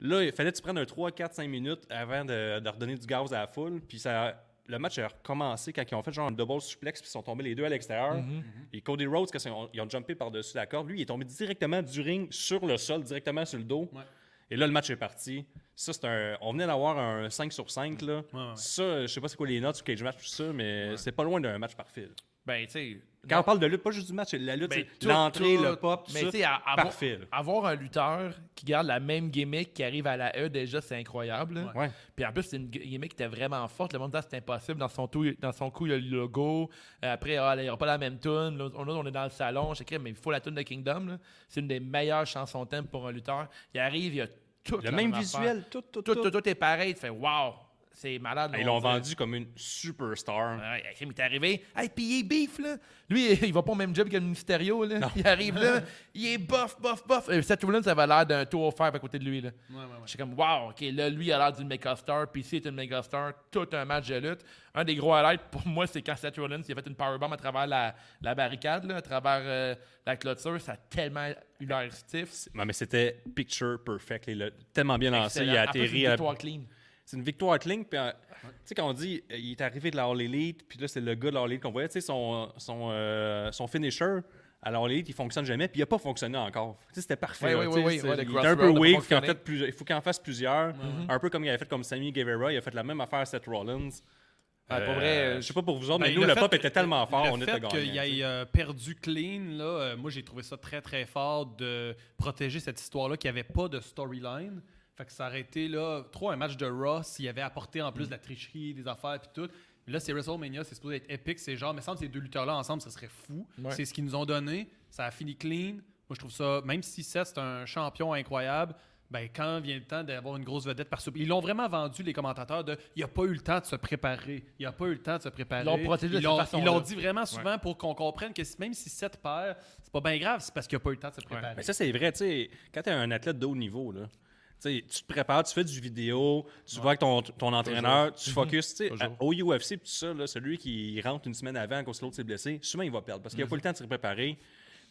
[SPEAKER 5] Là, il fallait que tu prennes un 3, 4, 5 minutes avant de, de redonner du gaz à la foule. Puis ça, le match a recommencé quand ils ont fait genre un double suplex, puis ils sont tombés les deux à l'extérieur. Mm-hmm. Et Cody Rhodes, quand ils ont, ils ont jumpé par-dessus la corde, lui, il est tombé directement du ring sur le sol, directement sur le dos. Et là, le match est parti. Ça, c'est un. On venait d'avoir un 5 sur
[SPEAKER 3] Mm.
[SPEAKER 5] 5. Là. Ça, je sais pas c'est quoi les notes sur Cage Match, tout ça, mais c'est pas loin d'un match parfait. là.
[SPEAKER 3] Ben, tu sais.
[SPEAKER 5] Quand on parle de lutte, pas juste du match, la lutte,
[SPEAKER 3] Ben,
[SPEAKER 5] c'est
[SPEAKER 3] tout,
[SPEAKER 5] l'entrée,
[SPEAKER 3] tout,
[SPEAKER 5] le pop, tout
[SPEAKER 3] mais
[SPEAKER 5] ça.
[SPEAKER 3] tu sais, à- à-
[SPEAKER 5] parfait. là.
[SPEAKER 3] Avoir un lutteur qui garde la même gimmick qui arrive à la E déjà, c'est incroyable. là.
[SPEAKER 5] Ouais.
[SPEAKER 3] Puis en plus, c'est une g- gimmick qui était vraiment forte. Le monde disait c'est impossible. Dans son, tout, dans son coup, il y a le logo. Euh, Après, ah, là, il n'y aura pas la même tune. L'autre- On, on est dans le salon. Je sais, mais il faut la tune de Kingdom. là. C'est une des meilleures chansons thème pour un lutteur. Il arrive, il y a tout.
[SPEAKER 5] Le même visuel, tout, tout,
[SPEAKER 3] Tout,
[SPEAKER 5] tout. Ah,
[SPEAKER 3] tout, tout est pareil. Tu fais waouh, c'est malade.
[SPEAKER 5] Ils
[SPEAKER 3] on
[SPEAKER 5] l'ont
[SPEAKER 3] dirait.
[SPEAKER 5] vendu comme une superstar.
[SPEAKER 3] Ouais, crime, Ah, il est arrivé. Hey, puis il est beef, là. Lui, il va pas au même job que le Mysterio, là. Il arrive là. Il est buff, buff, buff. Euh, Seth Rollins, ça avait l'air d'un tour offert à côté de lui, là. J'étais comme, wow, OK, là, lui, il a l'air d'une méga star. Puis ici, il est une méga star. Tout un match de lutte. Un des gros highlights pour moi, c'est quand Seth Rollins, il a fait une powerbomb à travers la, la barricade, là, à travers euh, la clôture. Ça a tellement eu l'air stiff.
[SPEAKER 5] Non, mais c'était picture perfect. Il l'a tellement bien lancé. Il
[SPEAKER 3] Excellent.
[SPEAKER 5] a
[SPEAKER 3] En plus,
[SPEAKER 5] atterri.
[SPEAKER 3] une
[SPEAKER 5] à-
[SPEAKER 3] victoire clean.
[SPEAKER 5] C'est une victoire clean. Puis, euh, tu sais, quand on dit euh, il est arrivé de la All Elite, puis là, c'est le gars de la All Elite qu'on voyait, tu sais, son, son, euh, son finisher. À la All Elite, il fonctionne jamais, puis il n'a pas fonctionné encore. Tu sais, c'était parfait.
[SPEAKER 3] Oui, oui,
[SPEAKER 5] là, tu sais,
[SPEAKER 3] oui,
[SPEAKER 5] c'est-
[SPEAKER 3] oui, le
[SPEAKER 5] il est un
[SPEAKER 3] crossroad
[SPEAKER 5] peu
[SPEAKER 3] a pas
[SPEAKER 5] weak, puis en
[SPEAKER 3] fonctionné.
[SPEAKER 5] fait, plusieurs- il faut qu'il en fasse plusieurs. Un peu comme il avait fait comme Sammy Guevara, il a fait la même affaire à Seth Rollins.
[SPEAKER 3] Ouais, pour
[SPEAKER 5] Euh,
[SPEAKER 3] vrai, euh,
[SPEAKER 5] je sais pas pour vous autres,
[SPEAKER 4] Ben,
[SPEAKER 5] mais nous, le
[SPEAKER 4] fait
[SPEAKER 5] pop
[SPEAKER 4] que-
[SPEAKER 5] était tellement fort,
[SPEAKER 4] le
[SPEAKER 5] on
[SPEAKER 4] fait
[SPEAKER 5] était
[SPEAKER 4] qu'il
[SPEAKER 5] gagnants.
[SPEAKER 4] ait euh, perdu clean, là, euh, moi, j'ai trouvé ça très, très fort de protéger cette histoire-là qui avait pas de storyline. Fait que ça aurait été, là, trop un match de Raw s'il avait apporté en plus de la tricherie, des affaires, puis tout. Là, c'est WrestleMania, c'est supposé être épique. C'est genre, mais semble que ces deux lutteurs-là ensemble, ça serait fou.
[SPEAKER 3] Ouais.
[SPEAKER 4] C'est ce qu'ils nous ont donné. Ça a fini clean. Moi, je trouve ça, même si Seth, c'est un champion incroyable, ben, quand vient le temps d'avoir une grosse vedette par-dessus. Ils l'ont vraiment vendu, les commentateurs, de il a pas eu le temps de se préparer. Il a pas eu le temps de se préparer.
[SPEAKER 3] Ils l'ont protégé de
[SPEAKER 4] Ils
[SPEAKER 3] cette
[SPEAKER 4] l'ont-
[SPEAKER 3] façon-là.
[SPEAKER 4] Ils l'ont dit vraiment souvent pour qu'on comprenne que si- même si 7 perd, c'est pas bien grave, c'est parce qu'il a pas eu le temps de se préparer.
[SPEAKER 5] Ah, Mais ça, c'est vrai, tu sais, quand tu es un athlète de haut niveau, là, tu sais, tu te prépares, tu fais du vidéo, tu vas avec ton, ton entraîneur, tu focuses. tu sais, à- Au UFC, pis tout ça, là, celui qui rentre une semaine avant à cause que l'autre s'est blessé, souvent il va perdre parce qu'il n'a
[SPEAKER 4] Mm-hmm.
[SPEAKER 5] pas le temps de se préparer.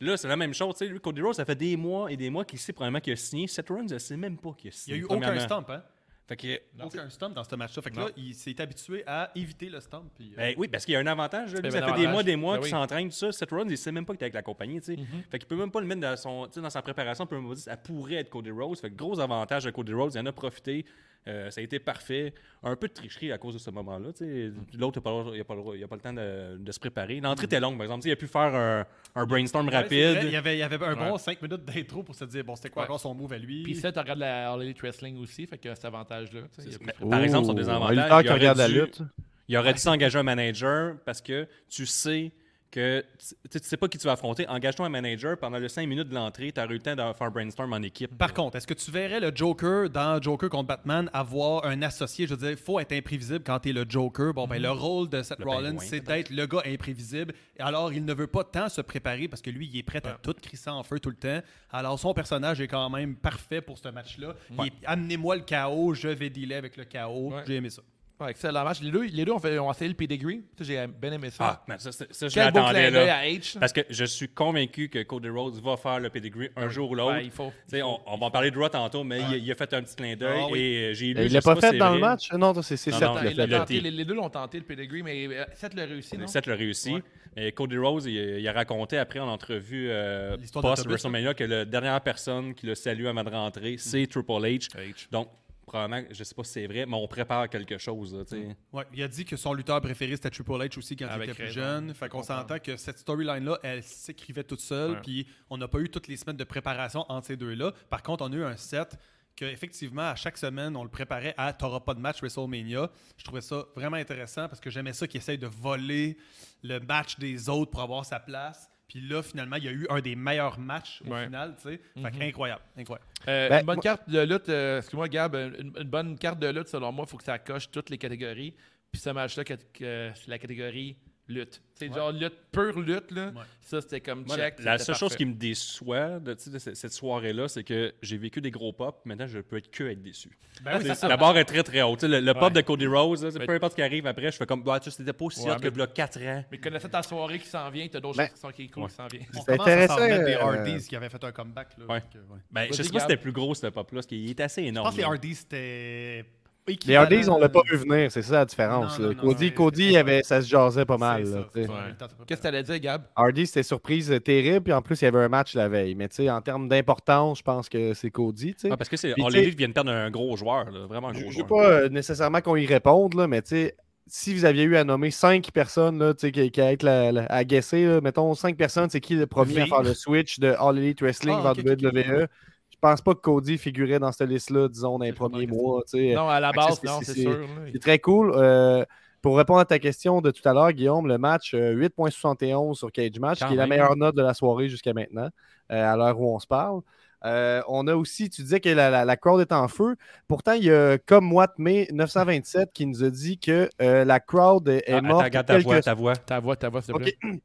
[SPEAKER 5] Là, c'est la même chose. tu sais, Lui, Cody Rhodes, ça fait des mois et des mois qu'il sait probablement qu'il a signé. Seth Rollins, il ne sait même pas
[SPEAKER 4] il y
[SPEAKER 5] qu'il a
[SPEAKER 4] a
[SPEAKER 5] signé.
[SPEAKER 4] eu aucun
[SPEAKER 5] premièrement.
[SPEAKER 4] stomp, hein?
[SPEAKER 5] Fait que,
[SPEAKER 4] Aucun stomp dans ce match-là. Fait que là, il s'est habitué à éviter le stomp. puis, euh,
[SPEAKER 5] Ben oui, parce qu'il y a un avantage. là. Lui,
[SPEAKER 3] bien
[SPEAKER 5] ça
[SPEAKER 3] un
[SPEAKER 5] fait des
[SPEAKER 3] avantage.
[SPEAKER 5] mois, des mois
[SPEAKER 3] Ben
[SPEAKER 5] qu'il
[SPEAKER 3] oui.
[SPEAKER 5] s'entraîne, tout ça. Seth Rollins, il sait même pas qu'il est avec la compagnie.
[SPEAKER 4] Mhm.
[SPEAKER 5] tu sais. Fait qu'il peut même pas le mettre dans, son, tu sais, dans sa préparation. Il peut même pas dire ça pourrait être Cody Rhodes. Fait que gros avantage de Cody Rhodes. Il en a profité. Euh, ça a été parfait. Un peu de tricherie à cause de ce moment-là. tu sais. L'autre, il n'a pas, le droit- il a pas le droit- il a pas le temps de, de se préparer. L'entrée était longue, par exemple. Tu sais, Il a pu faire un, un brainstorm
[SPEAKER 4] ouais, c'est vrai,
[SPEAKER 5] rapide.
[SPEAKER 4] il, y avait, il y avait un bon 5 minutes d'intro pour se dire, bon, c'était quoi
[SPEAKER 3] Ouais.
[SPEAKER 4] encore son move à lui?
[SPEAKER 3] Puis ça, tu regardes la All Elite Wrestling aussi, fait que cet avantage-là. tu sais, il y a
[SPEAKER 5] Mais,
[SPEAKER 3] plus-
[SPEAKER 5] par exemple, sur
[SPEAKER 6] sont
[SPEAKER 5] des
[SPEAKER 6] Oh,
[SPEAKER 5] avantages,
[SPEAKER 6] Un lutteur
[SPEAKER 5] il
[SPEAKER 6] qui
[SPEAKER 5] aurait
[SPEAKER 6] regarde la
[SPEAKER 5] dû-
[SPEAKER 6] lutte.
[SPEAKER 5] Il aurait dû s'engager un manager parce que tu sais que tu tu sais pas qui tu vas affronter. Engage-toi un manager pendant les 5 minutes de l'entrée, tu as eu le temps de faire un brainstorm en équipe.
[SPEAKER 4] Par contre, est-ce que tu verrais le Joker dans Joker contre Batman avoir un associé? Je veux dire, faut être imprévisible quand t'es le Joker. Bon, ben, le rôle de Seth
[SPEAKER 5] Le
[SPEAKER 4] Rollins,
[SPEAKER 5] pingouin,
[SPEAKER 4] c'est d'être le gars imprévisible. Alors, il ne veut pas tant se préparer parce que lui, il est prêt à tout crisser en feu tout le temps. Alors, son personnage est quand même parfait pour ce match-là. Il est- Amenez-moi le chaos, je vais dealer avec le chaos. J'ai aimé ça.
[SPEAKER 3] Ouais, excellent match. Les deux, les deux ont, fait, ont essayé le pedigree. Ça, j'ai bien aimé ça.
[SPEAKER 5] Ah, man, ça, c'est- ça, je
[SPEAKER 3] Quel beau
[SPEAKER 5] l'attendais
[SPEAKER 3] clin d'œil
[SPEAKER 5] là.
[SPEAKER 3] à H.
[SPEAKER 5] Parce que je suis convaincu que Cody Rhodes va faire le pedigree un jour ou l'autre.
[SPEAKER 3] Ouais, il faut.
[SPEAKER 5] Tu sais, on, on va en parler de Raw tantôt, mais il, il a fait un petit clin d'œil
[SPEAKER 4] Ah oui.
[SPEAKER 5] et euh, j'ai lu.
[SPEAKER 6] Il
[SPEAKER 5] je
[SPEAKER 6] l'a
[SPEAKER 5] sais
[SPEAKER 6] pas
[SPEAKER 5] si
[SPEAKER 6] fait
[SPEAKER 5] c'est
[SPEAKER 6] dans le
[SPEAKER 5] vrai.
[SPEAKER 6] match? Non, ça, c'est c'est
[SPEAKER 5] Non,
[SPEAKER 6] Seth
[SPEAKER 5] non,
[SPEAKER 6] qui
[SPEAKER 3] Ah,
[SPEAKER 6] l'a
[SPEAKER 3] il l'a
[SPEAKER 6] fait.
[SPEAKER 5] le
[SPEAKER 3] tenté,
[SPEAKER 5] thé.
[SPEAKER 3] les, les deux l'ont tenté, le pedigree, mais euh, Seth l'a réussi, non?
[SPEAKER 5] Seth l'a réussi.
[SPEAKER 3] Ouais.
[SPEAKER 5] Et Cody Rhodes, il, il a raconté après en entrevue euh,
[SPEAKER 4] L'histoire d'autobus,
[SPEAKER 5] post-WrestleMania que la dernière personne qui le salue avant de rentrer, c'est Triple H.
[SPEAKER 3] H.
[SPEAKER 5] Donc, probablement, je sais pas si c'est vrai, mais on prépare quelque chose. là, tu sais.
[SPEAKER 4] Ouais, il a dit que son lutteur préféré c'était Triple H aussi quand
[SPEAKER 3] Avec
[SPEAKER 4] il était plus
[SPEAKER 3] raison.
[SPEAKER 4] jeune. Fait qu'on s'entend que cette storyline là, elle s'écrivait toute seule.
[SPEAKER 3] Ouais.
[SPEAKER 4] Puis on n'a pas eu toutes les semaines de préparation entre ces deux là. Par contre, on a eu un set que effectivement à chaque semaine on le préparait à t'auras pas de match WrestleMania. Je trouvais ça vraiment intéressant parce que j'aimais ça qu'il essaye de voler le match des autres pour avoir sa place. Puis là, finalement, il y a eu un des meilleurs matchs au
[SPEAKER 3] Ouais. Mhm.
[SPEAKER 4] final, tu sais. Fait incroyable, incroyable.
[SPEAKER 3] Euh,
[SPEAKER 6] Ben,
[SPEAKER 3] une bonne
[SPEAKER 6] moi-
[SPEAKER 3] carte de lutte, euh, excuse-moi Gab, une, une bonne carte de lutte, selon moi, il faut que ça coche toutes les catégories. Puis ce match-là, que- que- c'est la catégorie lutte. C'est genre lutte, pure lutte, là. Ça, c'était comme
[SPEAKER 5] Moi,
[SPEAKER 3] check.
[SPEAKER 5] la la
[SPEAKER 3] c'était
[SPEAKER 5] seule chose
[SPEAKER 3] parfait.
[SPEAKER 5] qui me déçoit de, tu sais, de ce- cette soirée-là, c'est que j'ai vécu des gros pops. Maintenant, je peux être que être déçu. Tu sais, La barre est très très haute. Tu sais, Le, le pop
[SPEAKER 3] Ouais.
[SPEAKER 5] de Cody Rose, là, c'est
[SPEAKER 3] Mais-
[SPEAKER 5] peu importe ce qui arrive après, je fais comme, bah, tu sais, c'était pas aussi
[SPEAKER 3] Ouais,
[SPEAKER 5] hot que
[SPEAKER 3] mais-
[SPEAKER 5] v'là 4 ans.
[SPEAKER 3] Mais connaissant ta soirée qui s'en vient, t'as d'autres
[SPEAKER 6] Ben,
[SPEAKER 3] choses qui sont qui, cool qui s'en viennent.
[SPEAKER 4] On
[SPEAKER 6] C'est
[SPEAKER 4] commence à s'en
[SPEAKER 6] intéressant,
[SPEAKER 4] remettre des
[SPEAKER 6] euh,
[SPEAKER 4] RDs qui avaient fait un comeback. Là,
[SPEAKER 5] Ouais.
[SPEAKER 4] donc, euh, ouais.
[SPEAKER 5] Ben, je
[SPEAKER 3] Vas-y,
[SPEAKER 5] sais pas si
[SPEAKER 3] Gab.
[SPEAKER 5] c'était plus gros, ce pop-là, parce qu'il est assez
[SPEAKER 4] Je
[SPEAKER 5] énorme.
[SPEAKER 4] pense que les
[SPEAKER 5] là.
[SPEAKER 4] RDs, c'était.
[SPEAKER 6] Les
[SPEAKER 4] équivalent-
[SPEAKER 6] Hardys, on l'a pas vu venir, c'est ça la différence.
[SPEAKER 4] Non,
[SPEAKER 6] là.
[SPEAKER 4] non, non,
[SPEAKER 6] Cody,
[SPEAKER 4] non,
[SPEAKER 6] Cody,
[SPEAKER 4] c'est-
[SPEAKER 6] il avait, ça se jasait pas
[SPEAKER 4] C'est
[SPEAKER 6] mal.
[SPEAKER 4] ça,
[SPEAKER 6] là,
[SPEAKER 4] c'est
[SPEAKER 6] tu sais.
[SPEAKER 4] ça,
[SPEAKER 3] Ouais.
[SPEAKER 4] on a eu le temps de se
[SPEAKER 3] Qu'est-ce que t'allais dire, Gab?
[SPEAKER 6] Hardy, c'était surprise euh, terrible, puis en plus, il y avait un match la veille. Mais tu sais, en termes d'importance, je pense que c'est Cody. tu sais.
[SPEAKER 5] Ah, parce que c'est
[SPEAKER 6] Puis,
[SPEAKER 5] on
[SPEAKER 6] tu
[SPEAKER 5] les
[SPEAKER 6] sais-
[SPEAKER 5] livres viennent perdre un gros joueur, là, vraiment un
[SPEAKER 6] Je
[SPEAKER 5] gros
[SPEAKER 6] ne
[SPEAKER 5] joueur.
[SPEAKER 6] veux pas euh, nécessairement qu'on y réponde, là, mais tu sais, si vous aviez eu à nommer cinq personnes là, tu sais, qui, qui a été la- la- à guesser, là, mettons cinq personnes, c'est qui le premier à
[SPEAKER 4] Oui.
[SPEAKER 6] faire le switch de All Elite Wrestling
[SPEAKER 4] Ah,
[SPEAKER 6] vers
[SPEAKER 4] ok, ok, ok.
[SPEAKER 6] WWE. Je pense pas que Cody figurait dans cette liste-là, disons, dans les
[SPEAKER 4] Je comprends
[SPEAKER 6] premiers
[SPEAKER 4] la
[SPEAKER 6] mois. tu sais. euh,
[SPEAKER 3] Non, à la
[SPEAKER 6] fait que
[SPEAKER 3] base,
[SPEAKER 6] c'est-
[SPEAKER 3] non,
[SPEAKER 6] c'est-
[SPEAKER 3] c'est sûr. là.
[SPEAKER 6] C'est très cool. Euh, pour répondre à ta question de tout à l'heure, Guillaume, le match euh, 8.71 sur Cage Match,
[SPEAKER 5] Quand
[SPEAKER 6] qui est la
[SPEAKER 5] même.
[SPEAKER 6] meilleure note de la soirée jusqu'à maintenant, euh, à l'heure où on se parle. Euh, on a aussi, tu disais que la, la, la crowd est en feu. Pourtant, il y a comme mois de mai 927 qui nous a dit que euh, la crowd est, est
[SPEAKER 5] Ah, attends,
[SPEAKER 6] morte.
[SPEAKER 5] regarde ta
[SPEAKER 6] quelques-
[SPEAKER 5] voix, ta voix.
[SPEAKER 3] Ta voix, ta voix, s'il te
[SPEAKER 6] Ok.
[SPEAKER 3] plaît.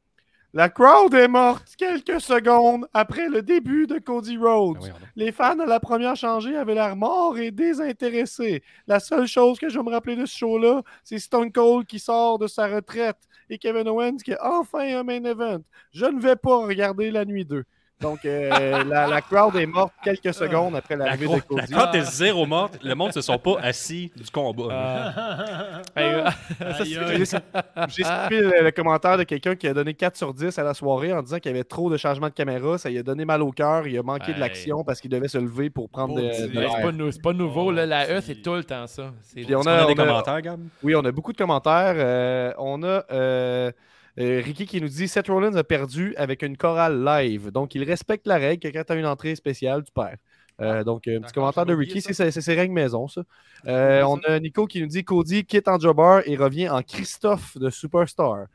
[SPEAKER 6] La crowd est morte quelques secondes après le début de Cody Rhodes.
[SPEAKER 5] Ah oui, pardon.
[SPEAKER 6] Les fans à la première changée avaient l'air morts et désintéressés. La seule chose que je vais me rappeler de ce show-là, c'est Stone Cold qui sort de sa retraite et Kevin Owens qui a enfin un main event. Je ne vais pas regarder la nuit 2. Donc, euh, la, la crowd est morte quelques secondes après
[SPEAKER 5] La
[SPEAKER 6] l'arrivée
[SPEAKER 5] gro-
[SPEAKER 6] de Cody.
[SPEAKER 5] Quand t'es zéro morte, le monde se sont pas assis du combat.
[SPEAKER 3] Ah. Hey, euh, ça,
[SPEAKER 4] Aïe,
[SPEAKER 3] c'est-
[SPEAKER 4] aïe.
[SPEAKER 6] J'ai j'ai skippé le, le commentaire de quelqu'un qui a donné 4 sur 10 à la soirée en disant qu'il y avait trop de changements de caméra. Ça lui a donné mal au cœur. Il a manqué de
[SPEAKER 3] Hey.
[SPEAKER 6] l'action parce qu'il devait se lever pour prendre
[SPEAKER 4] Beau
[SPEAKER 6] euh, de,
[SPEAKER 4] petit-
[SPEAKER 6] de
[SPEAKER 3] Hey, c'est
[SPEAKER 6] l'air.
[SPEAKER 3] pas, nou- c'est pas nouveau,
[SPEAKER 4] Oh,
[SPEAKER 3] là, la E,
[SPEAKER 4] petit.
[SPEAKER 3] c'est tout le temps ça. C'est-
[SPEAKER 6] Puis on
[SPEAKER 5] On a
[SPEAKER 6] a,
[SPEAKER 5] des
[SPEAKER 6] on a-
[SPEAKER 5] commentaires, Gab?
[SPEAKER 6] oui, on a beaucoup de commentaires. Euh, on a euh, euh, Ricky qui nous dit Seth Rollins a perdu avec une chorale live. Donc, il respecte la règle que quand tu as une entrée spéciale, tu perds. Euh, donc, un petit
[SPEAKER 4] D'accord,
[SPEAKER 6] commentaire de
[SPEAKER 4] j'avais oublié
[SPEAKER 6] Ricky,
[SPEAKER 4] ça.
[SPEAKER 6] c'est c'est- c'est ses règles maison, ça. Euh, on a Nico qui nous dit Cody quitte en jobber et revient en Christophe de Superstar.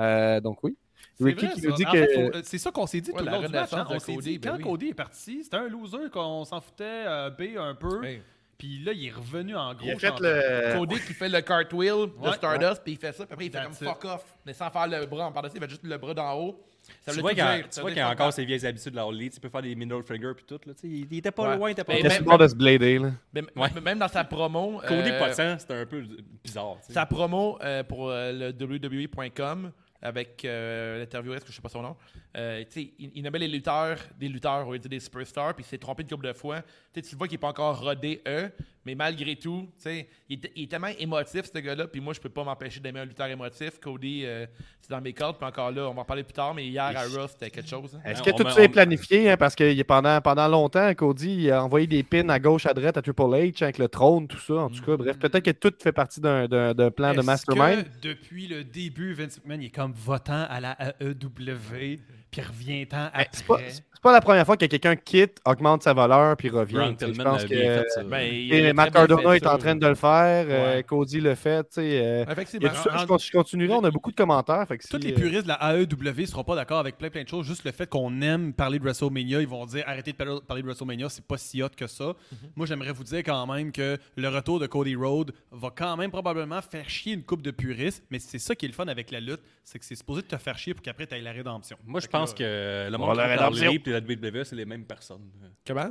[SPEAKER 6] Euh, donc, oui.
[SPEAKER 4] C'est
[SPEAKER 6] Ricky
[SPEAKER 4] vrai,
[SPEAKER 6] qui
[SPEAKER 4] ça.
[SPEAKER 6] nous dit
[SPEAKER 4] En
[SPEAKER 6] que.
[SPEAKER 4] fait, faut- euh, c'est ça qu'on s'est dit
[SPEAKER 3] Ouais,
[SPEAKER 4] tout le
[SPEAKER 3] la
[SPEAKER 4] long du match. hein.
[SPEAKER 3] renaissance de
[SPEAKER 4] On s'est
[SPEAKER 3] Cody,
[SPEAKER 4] dit,
[SPEAKER 3] ben
[SPEAKER 4] quand
[SPEAKER 3] oui.
[SPEAKER 4] Cody est parti, c'était un loser, qu'on s'en foutait euh, B un peu.
[SPEAKER 3] Hey.
[SPEAKER 4] Puis là, il est revenu en gros.
[SPEAKER 6] il a fait
[SPEAKER 4] champion.
[SPEAKER 6] le.
[SPEAKER 3] Cody qui fait le cartwheel de
[SPEAKER 4] Ouais.
[SPEAKER 3] Stardust, puis il fait ça, puis après il fait
[SPEAKER 4] That's
[SPEAKER 3] comme fuck off, mais sans faire le bras en par-dessus, il fait juste le bras d'en haut. Ça
[SPEAKER 5] Tu
[SPEAKER 3] veut
[SPEAKER 5] vois
[SPEAKER 3] tout
[SPEAKER 5] qu'il y a-
[SPEAKER 3] dire.
[SPEAKER 5] tu
[SPEAKER 3] Ça
[SPEAKER 5] vois
[SPEAKER 3] veut
[SPEAKER 5] qu'il y a
[SPEAKER 3] dire
[SPEAKER 5] encore
[SPEAKER 3] ça.
[SPEAKER 5] ses vieilles habitudes, la Holly. Tu peux faire des middle finger puis tout. Là, tu sais, il, il était pas
[SPEAKER 3] Ouais.
[SPEAKER 5] loin, il était pas
[SPEAKER 3] Mais-
[SPEAKER 6] Il
[SPEAKER 5] loin.
[SPEAKER 6] était
[SPEAKER 3] mais-
[SPEAKER 6] sur le bord de se blader, là.
[SPEAKER 3] Même-
[SPEAKER 5] Ouais.
[SPEAKER 3] même- Même dans sa promo.
[SPEAKER 5] Cody
[SPEAKER 3] euh,
[SPEAKER 5] Potent, c'était un peu bizarre. tu sais.
[SPEAKER 3] Sa promo euh, pour euh, le WWE.com avec euh, l'interviewiste, que je sais pas son nom, euh, tu sais, il, il nommait les lutteurs des lutteurs, au lieu de dire des superstars, puis il s'est trompé une couple de fois. Tu sais, tu le vois qu'il n'est pas encore rodé, eux, mais malgré tout, tu sais, il, est- il est tellement émotif, ce gars-là, puis moi, je peux pas m'empêcher d'aimer un lutteur émotif. Cody, euh, c'est dans mes cordes, puis encore là, on va en parler plus tard, mais hier à Raw, c'était quelque chose. hein.
[SPEAKER 6] Est-ce
[SPEAKER 5] Ouais,
[SPEAKER 6] que
[SPEAKER 5] on
[SPEAKER 6] tout
[SPEAKER 5] met-
[SPEAKER 6] ça est
[SPEAKER 5] on-
[SPEAKER 6] planifié? hein, parce que il- pendant, pendant longtemps, Cody il a envoyé des pins à gauche, à droite, à Triple H, avec le trône, tout ça. En tout cas, bref, peut-être que tout fait partie d'un- d'un d'un plan de
[SPEAKER 4] Est-ce
[SPEAKER 6] mastermind.
[SPEAKER 4] que depuis le début, Vince McMahon, il est comme votant à la AEW, puis revient-en
[SPEAKER 6] Ben,
[SPEAKER 4] après.
[SPEAKER 6] C'est pas, c'est pas la première fois que quelqu'un quitte, augmente sa valeur, puis revient.
[SPEAKER 5] Ron
[SPEAKER 6] tu sais, Je
[SPEAKER 5] Tillman
[SPEAKER 6] pense
[SPEAKER 5] a
[SPEAKER 6] que
[SPEAKER 5] bien fait ça.
[SPEAKER 3] Ben, il
[SPEAKER 6] tu sais,
[SPEAKER 3] a
[SPEAKER 6] Euh, Matt
[SPEAKER 3] très bien fait
[SPEAKER 6] Cardona est
[SPEAKER 3] ça.
[SPEAKER 6] en train de le faire, euh,
[SPEAKER 3] Ouais.
[SPEAKER 6] Cody le fait. tu sais, euh, il y
[SPEAKER 3] Effectivement.
[SPEAKER 6] a tout ça. je, con- je continuerai, on a beaucoup de commentaires. fait que
[SPEAKER 4] Toutes
[SPEAKER 6] si,
[SPEAKER 4] les
[SPEAKER 6] euh,
[SPEAKER 4] puristes de la AEW ne seront pas d'accord avec plein plein de choses. Juste le fait qu'on aime parler de WrestleMania, ils vont dire arrêtez de par- parler de WrestleMania, c'est pas si hot que ça.
[SPEAKER 6] Mm-hmm.
[SPEAKER 4] Moi, j'aimerais vous dire quand même que le retour de Cody Rhodes va quand même probablement faire chier une coupe de puristes, mais c'est ça qui est le fun avec la lutte, c'est que c'est supposé de te faire chier pour qu'après tu aies la rédemption.
[SPEAKER 5] Moi, je
[SPEAKER 4] Fait que là,
[SPEAKER 5] pense que le monde qui
[SPEAKER 6] va leur
[SPEAKER 5] écoute la
[SPEAKER 6] rédemption.
[SPEAKER 5] League et la WWE, c'est les mêmes personnes.
[SPEAKER 8] Comment?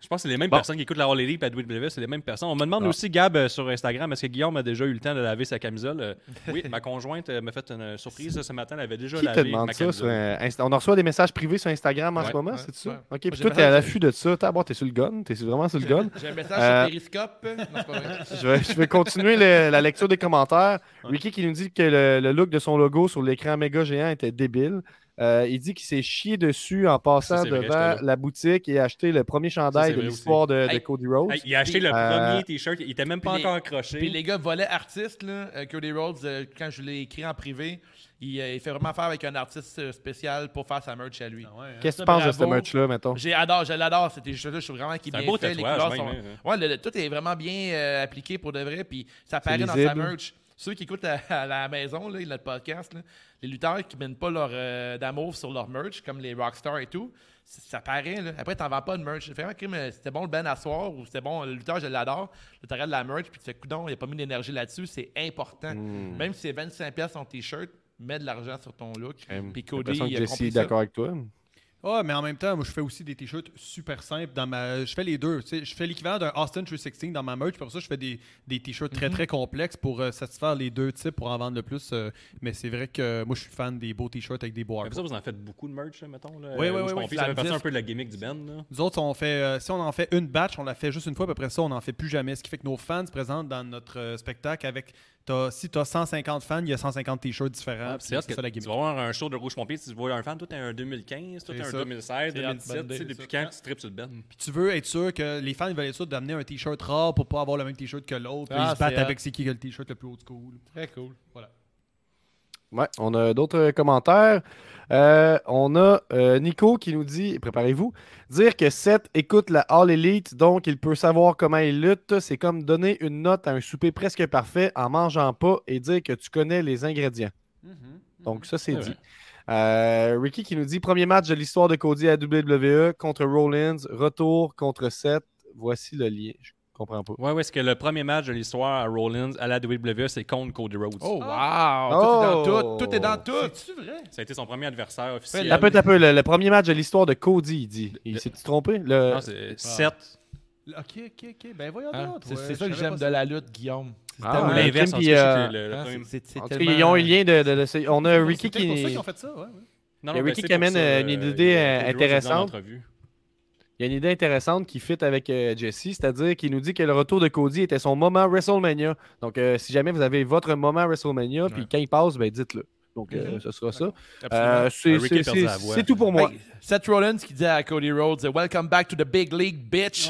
[SPEAKER 5] Je pense que c'est les mêmes
[SPEAKER 6] Bon.
[SPEAKER 5] personnes qui écoutent la Harley Leap et la WWE, c'est les mêmes personnes. On me demande
[SPEAKER 6] Ah.
[SPEAKER 5] aussi, Gab, euh, sur Instagram, est-ce que Guillaume a déjà eu le temps de laver sa camisole? Euh, oui, ma conjointe euh, m'a fait une euh, surprise euh, ce matin, elle avait déjà
[SPEAKER 6] Qui te
[SPEAKER 5] lavé
[SPEAKER 6] demande
[SPEAKER 5] ma
[SPEAKER 6] ça
[SPEAKER 5] camisole.
[SPEAKER 6] sur un Insta- On en reçoit des messages privés sur Instagram en
[SPEAKER 5] Ouais,
[SPEAKER 6] ce moment,
[SPEAKER 3] ouais,
[SPEAKER 6] c'est ça?
[SPEAKER 3] ouais.
[SPEAKER 6] Ok, puis
[SPEAKER 3] j'ai
[SPEAKER 6] toi,
[SPEAKER 3] pas
[SPEAKER 6] t'es à
[SPEAKER 3] ça.
[SPEAKER 6] l'affût de ça. T'as, bon, t'es sur le gun, t'es sur- vraiment sur le gun.
[SPEAKER 3] J'ai un message
[SPEAKER 6] Euh,
[SPEAKER 3] sur Periscope. Non, c'est pas vrai.
[SPEAKER 6] je, vais, je vais continuer le- la lecture des commentaires. Ricky qui nous dit que le, le look de son logo sur l'écran méga géant était débile. Euh, il dit qu'il s'est chié dessus en passant
[SPEAKER 5] Ça, c'est vrai,
[SPEAKER 6] devant
[SPEAKER 5] j'étais là.
[SPEAKER 6] la boutique et a acheté le premier chandail de
[SPEAKER 5] vrai
[SPEAKER 6] l'histoire de, de
[SPEAKER 5] Hey,
[SPEAKER 6] Cody Rhodes.
[SPEAKER 5] Hey, il a acheté le
[SPEAKER 6] Euh,
[SPEAKER 5] premier t-shirt, il était même pas
[SPEAKER 3] puis les-
[SPEAKER 5] encore
[SPEAKER 3] Puis
[SPEAKER 5] accroché.
[SPEAKER 3] les gars, volet artiste, là, euh, Cody Rhodes, euh, quand je l'ai écrit en privé, il, euh, il fait vraiment affaire avec un artiste euh, spécial pour faire sa merch à lui.
[SPEAKER 6] Qu'est-ce que
[SPEAKER 3] ça,
[SPEAKER 6] tu penses de ce
[SPEAKER 3] bravo.
[SPEAKER 6] merch-là, mettons?
[SPEAKER 3] J'ai adore, je l'adore, c'était juste là, je trouve vraiment qu'il
[SPEAKER 5] C'est
[SPEAKER 3] est
[SPEAKER 5] un
[SPEAKER 3] bien
[SPEAKER 5] beau
[SPEAKER 3] fait, les
[SPEAKER 5] tatouage,
[SPEAKER 3] couleurs
[SPEAKER 5] même.
[SPEAKER 3] sont
[SPEAKER 5] hein.
[SPEAKER 3] Ouais, le- le- tout est vraiment bien euh, appliqué pour de vrai, puis ça paraît dans sa
[SPEAKER 6] lisible.
[SPEAKER 3] merch. Ceux qui écoutent à, à la maison, là, notre podcast, là, les lutteurs qui mènent pas leur euh, d'amour sur leur merch, comme les rockstars et tout, c- ça paraît. Là. Après, t'en vends pas de merch. C'est vraiment crime, euh, c'était bon le ben à soir ou c'était bon le lutteur, je l'adore. Là, t'arrêtes la merch, puis tu fais coudon, il a pas mis d'énergie là-dessus, c'est important.
[SPEAKER 6] Hmm.
[SPEAKER 3] Même si c'est 25$ ton t-shirt, mets de l'argent sur ton look. Puis
[SPEAKER 6] J'ai
[SPEAKER 3] Cody,
[SPEAKER 6] l'impression que
[SPEAKER 3] il a
[SPEAKER 6] Jesse
[SPEAKER 3] compris
[SPEAKER 6] est
[SPEAKER 3] ça.
[SPEAKER 6] d'accord avec toi.
[SPEAKER 4] Ah, mais en même temps, moi, je fais aussi des t-shirts super simples. Dans ma... Je fais les deux. tu sais. Je fais l'équivalent d'un Austin 316 dans ma merch. Pour ça, je fais des, des t-shirts
[SPEAKER 5] Mhm.
[SPEAKER 4] très, très complexes pour euh, satisfaire les deux types, pour en vendre le plus. euh, Mais c'est vrai que euh, moi, je suis fan des beaux t-shirts avec des beaux
[SPEAKER 5] Comme
[SPEAKER 4] hardcore.
[SPEAKER 5] ça, vous en faites beaucoup de merch, là, mettons. Là.
[SPEAKER 4] Oui, oui,
[SPEAKER 5] Moi,
[SPEAKER 4] oui,
[SPEAKER 5] je
[SPEAKER 4] oui,
[SPEAKER 5] confie,
[SPEAKER 4] c'est
[SPEAKER 5] ça
[SPEAKER 4] la
[SPEAKER 5] fait partie un
[SPEAKER 4] disque.
[SPEAKER 5] peu de la gimmick du band. là.
[SPEAKER 4] Nous autres, on fait, euh, si on en fait une batch, on la fait juste une fois, puis après ça, on n'en fait plus jamais. Ce qui fait que nos fans se présentent dans notre euh, spectacle avec. t'as- si tu as 150 fans, il y a 150 t-shirts différents.
[SPEAKER 5] Ah,
[SPEAKER 4] puis
[SPEAKER 5] c'est hot que
[SPEAKER 4] ça la
[SPEAKER 5] tu
[SPEAKER 4] gimmick.
[SPEAKER 5] vas voir un show de Rouge Pompier, si tu vois un fan, toi t'es un 2015, toi
[SPEAKER 4] C'est
[SPEAKER 5] t'es un
[SPEAKER 4] ça.
[SPEAKER 5] 2016,
[SPEAKER 3] C'est Hot
[SPEAKER 5] 2017, tu sais,
[SPEAKER 3] Monday.
[SPEAKER 5] depuis quand tu tripes sur le Ben?
[SPEAKER 4] Puis tu veux être sûr que les fans ils veulent être sûrs d'amener un t-shirt rare pour pas avoir le même t-shirt que l'autre. puis
[SPEAKER 3] Ah,
[SPEAKER 4] ils se battent
[SPEAKER 3] c'est hot.
[SPEAKER 4] avec c'est qui qui a le t-shirt le plus haut de school.
[SPEAKER 3] Très cool.
[SPEAKER 6] Ouais, on a d'autres euh, commentaires. Euh, on a euh, Nico qui nous dit préparez-vous, dire que Seth écoute la All Elite, donc il peut savoir comment il lutte, c'est comme donner une note à un souper presque parfait en mangeant pas et dire que tu connais les ingrédients. Donc ça, c'est
[SPEAKER 5] Mm-hmm. C'est
[SPEAKER 6] dit.
[SPEAKER 5] vrai.
[SPEAKER 6] Euh, Ricky qui nous dit premier match de l'histoire de Cody à WWE contre Rollins, retour contre Seth. Voici le lien. Je comprends pas.
[SPEAKER 5] Ouais, ouais, c'est que le premier match de l'histoire à Rollins à la WWE, c'est contre Cody Rhodes.
[SPEAKER 3] Oh, wow! Tout est dans
[SPEAKER 6] Oh!
[SPEAKER 3] tout. Tout est dans tout.
[SPEAKER 5] Ça a été son premier adversaire officiel.
[SPEAKER 6] T'as peu, t'as peu, le, le premier match de l'histoire de Cody, il dit. Il
[SPEAKER 5] Le-
[SPEAKER 6] s'est trompé? Le...
[SPEAKER 5] Non, c'est 7.
[SPEAKER 4] Ok, ok, ok. Ben voyons
[SPEAKER 3] Hein?
[SPEAKER 4] donc,
[SPEAKER 3] C'est
[SPEAKER 4] ouais,
[SPEAKER 3] c'est ça
[SPEAKER 4] je
[SPEAKER 3] que
[SPEAKER 4] savais
[SPEAKER 3] j'aime
[SPEAKER 4] pas
[SPEAKER 3] de la lutte, Guillaume. C'est
[SPEAKER 6] Ah,
[SPEAKER 5] Ou
[SPEAKER 3] tellement-
[SPEAKER 6] ouais.
[SPEAKER 5] l'inverse,
[SPEAKER 6] Kim,
[SPEAKER 5] en tout
[SPEAKER 6] puis, euh, ah,
[SPEAKER 5] cas, je sais que le- le
[SPEAKER 3] Hein,
[SPEAKER 5] premier-
[SPEAKER 3] c'est- c'est
[SPEAKER 6] En tout cas,
[SPEAKER 3] tellement-
[SPEAKER 6] ils ont un lien de. de- de- c'est- on a
[SPEAKER 4] C'est
[SPEAKER 6] Euh, Ricky
[SPEAKER 4] peut-être pour ça
[SPEAKER 6] qui.
[SPEAKER 4] qu'ils ont fait ça, ouais, ouais.
[SPEAKER 5] Non,
[SPEAKER 6] Il y a
[SPEAKER 5] ben,
[SPEAKER 6] Ricky
[SPEAKER 5] c'est
[SPEAKER 6] qui
[SPEAKER 5] pour
[SPEAKER 6] amène,
[SPEAKER 5] ça,
[SPEAKER 6] euh, une
[SPEAKER 5] euh,
[SPEAKER 6] idée,
[SPEAKER 5] Cody
[SPEAKER 6] euh,
[SPEAKER 5] Rhodes est dans
[SPEAKER 6] intéressante.
[SPEAKER 5] l'entrevue.
[SPEAKER 6] Il y a une idée intéressante qui fit avec euh, Jesse, c'est-à-dire qu'il nous dit que le retour de Cody était son moment WrestleMania. Donc, euh, si jamais vous avez votre moment WrestleMania, puis quand il passe, ben dites-le. Donc,
[SPEAKER 4] Mhm.
[SPEAKER 6] euh, ce sera ça. Euh, c'est-
[SPEAKER 5] Ah, Ricky
[SPEAKER 6] c'est-
[SPEAKER 5] a perdu
[SPEAKER 6] c'est
[SPEAKER 5] la voix.
[SPEAKER 6] c'est tout pour moi.
[SPEAKER 3] Hey, Seth Rollins qui dit à Cody Rhodes, Welcome back to the big league, bitch.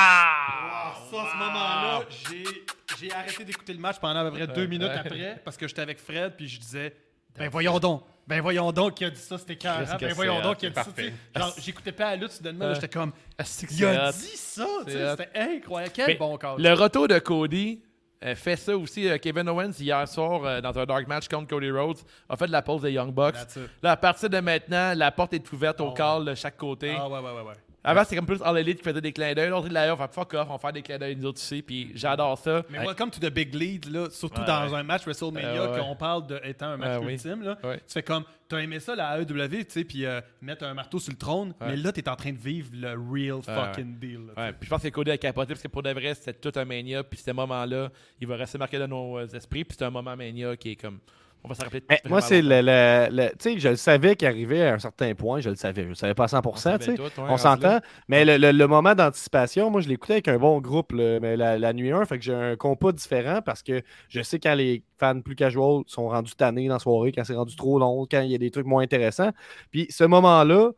[SPEAKER 4] ça, ce moment-là, j'ai- j'ai arrêté d'écouter le match pendant à peu près deux minutes après parce que j'étais avec Fred puis je disais Ben voyons donc, ben voyons donc qu'il a dit ça, c'était carré.
[SPEAKER 3] Qu'est-ce
[SPEAKER 4] Ben
[SPEAKER 3] que
[SPEAKER 4] voyons
[SPEAKER 3] c'est
[SPEAKER 4] donc
[SPEAKER 3] hot,
[SPEAKER 4] qu'il a dit ça.
[SPEAKER 5] parfait.
[SPEAKER 4] tu sais. Genre, j'écoutais pas la lutte soudainement, là,
[SPEAKER 3] Ouais.
[SPEAKER 4] j'étais comme
[SPEAKER 3] Asti que
[SPEAKER 4] Il a
[SPEAKER 3] c'est hot.
[SPEAKER 4] dit ça, tu sais,
[SPEAKER 3] C'est hot.
[SPEAKER 4] c'était incroyable. Quel
[SPEAKER 3] Mais
[SPEAKER 4] bon corps.
[SPEAKER 3] Le retour de Cody euh, fait ça aussi. euh, Kevin Owens, hier soir, euh, dans un dark match contre Cody Rhodes, a fait de la pause des Young Bucks.
[SPEAKER 4] That's it.
[SPEAKER 3] Là, à partir de maintenant, la porte est ouverte au call de chaque côté.
[SPEAKER 4] Ah ouais, ouais, ouais, ouais.
[SPEAKER 3] Avant, c'était comme plus All Elite qui faisait des clins d'œil. L'autre, il l'a fait fuck off, on va faire des clins d'œil nous autres ici. Puis j'adore ça.
[SPEAKER 4] Mais welcome to the big lead, là, surtout dans un match WrestleMania
[SPEAKER 3] Euh, ouais.
[SPEAKER 4] qu'on parle de étant un match
[SPEAKER 3] Ah oui.
[SPEAKER 4] ultime. Là,
[SPEAKER 3] Ouais.
[SPEAKER 4] Tu fais comme, t'as aimé ça la AEW, tu sais, puis euh, mettre un marteau sur le trône, mais là, t'es en train de vivre le real fucking deal. là, tu sais.
[SPEAKER 3] Ouais, puis je pense que Cody a capoté parce que pour de vrai, c'était tout un mania. Puis ce moment-là, il va rester marqué dans nos euh, esprits. Puis c'est un moment mania qui est comme. On va se rappeler.
[SPEAKER 6] Mais
[SPEAKER 3] vraiment
[SPEAKER 6] Eh, moi, c'est
[SPEAKER 3] longtemps.
[SPEAKER 6] le. le- le- tu sais, je le savais qu'il arrivait à un certain point. Je le savais. Je le savais pas à 100 tu sais.
[SPEAKER 3] On savait tout, ouais,
[SPEAKER 6] On s'entend. Mais le, le- le moment d'anticipation, moi, je l'écoutais avec un bon groupe là, mais la, la nuit 1. Fait que j'ai un compas différent parce que je sais quand les fans plus casual sont rendus tannés dans la soirée, quand c'est rendu trop long, quand il y a des trucs moins intéressants. Puis ce moment-là,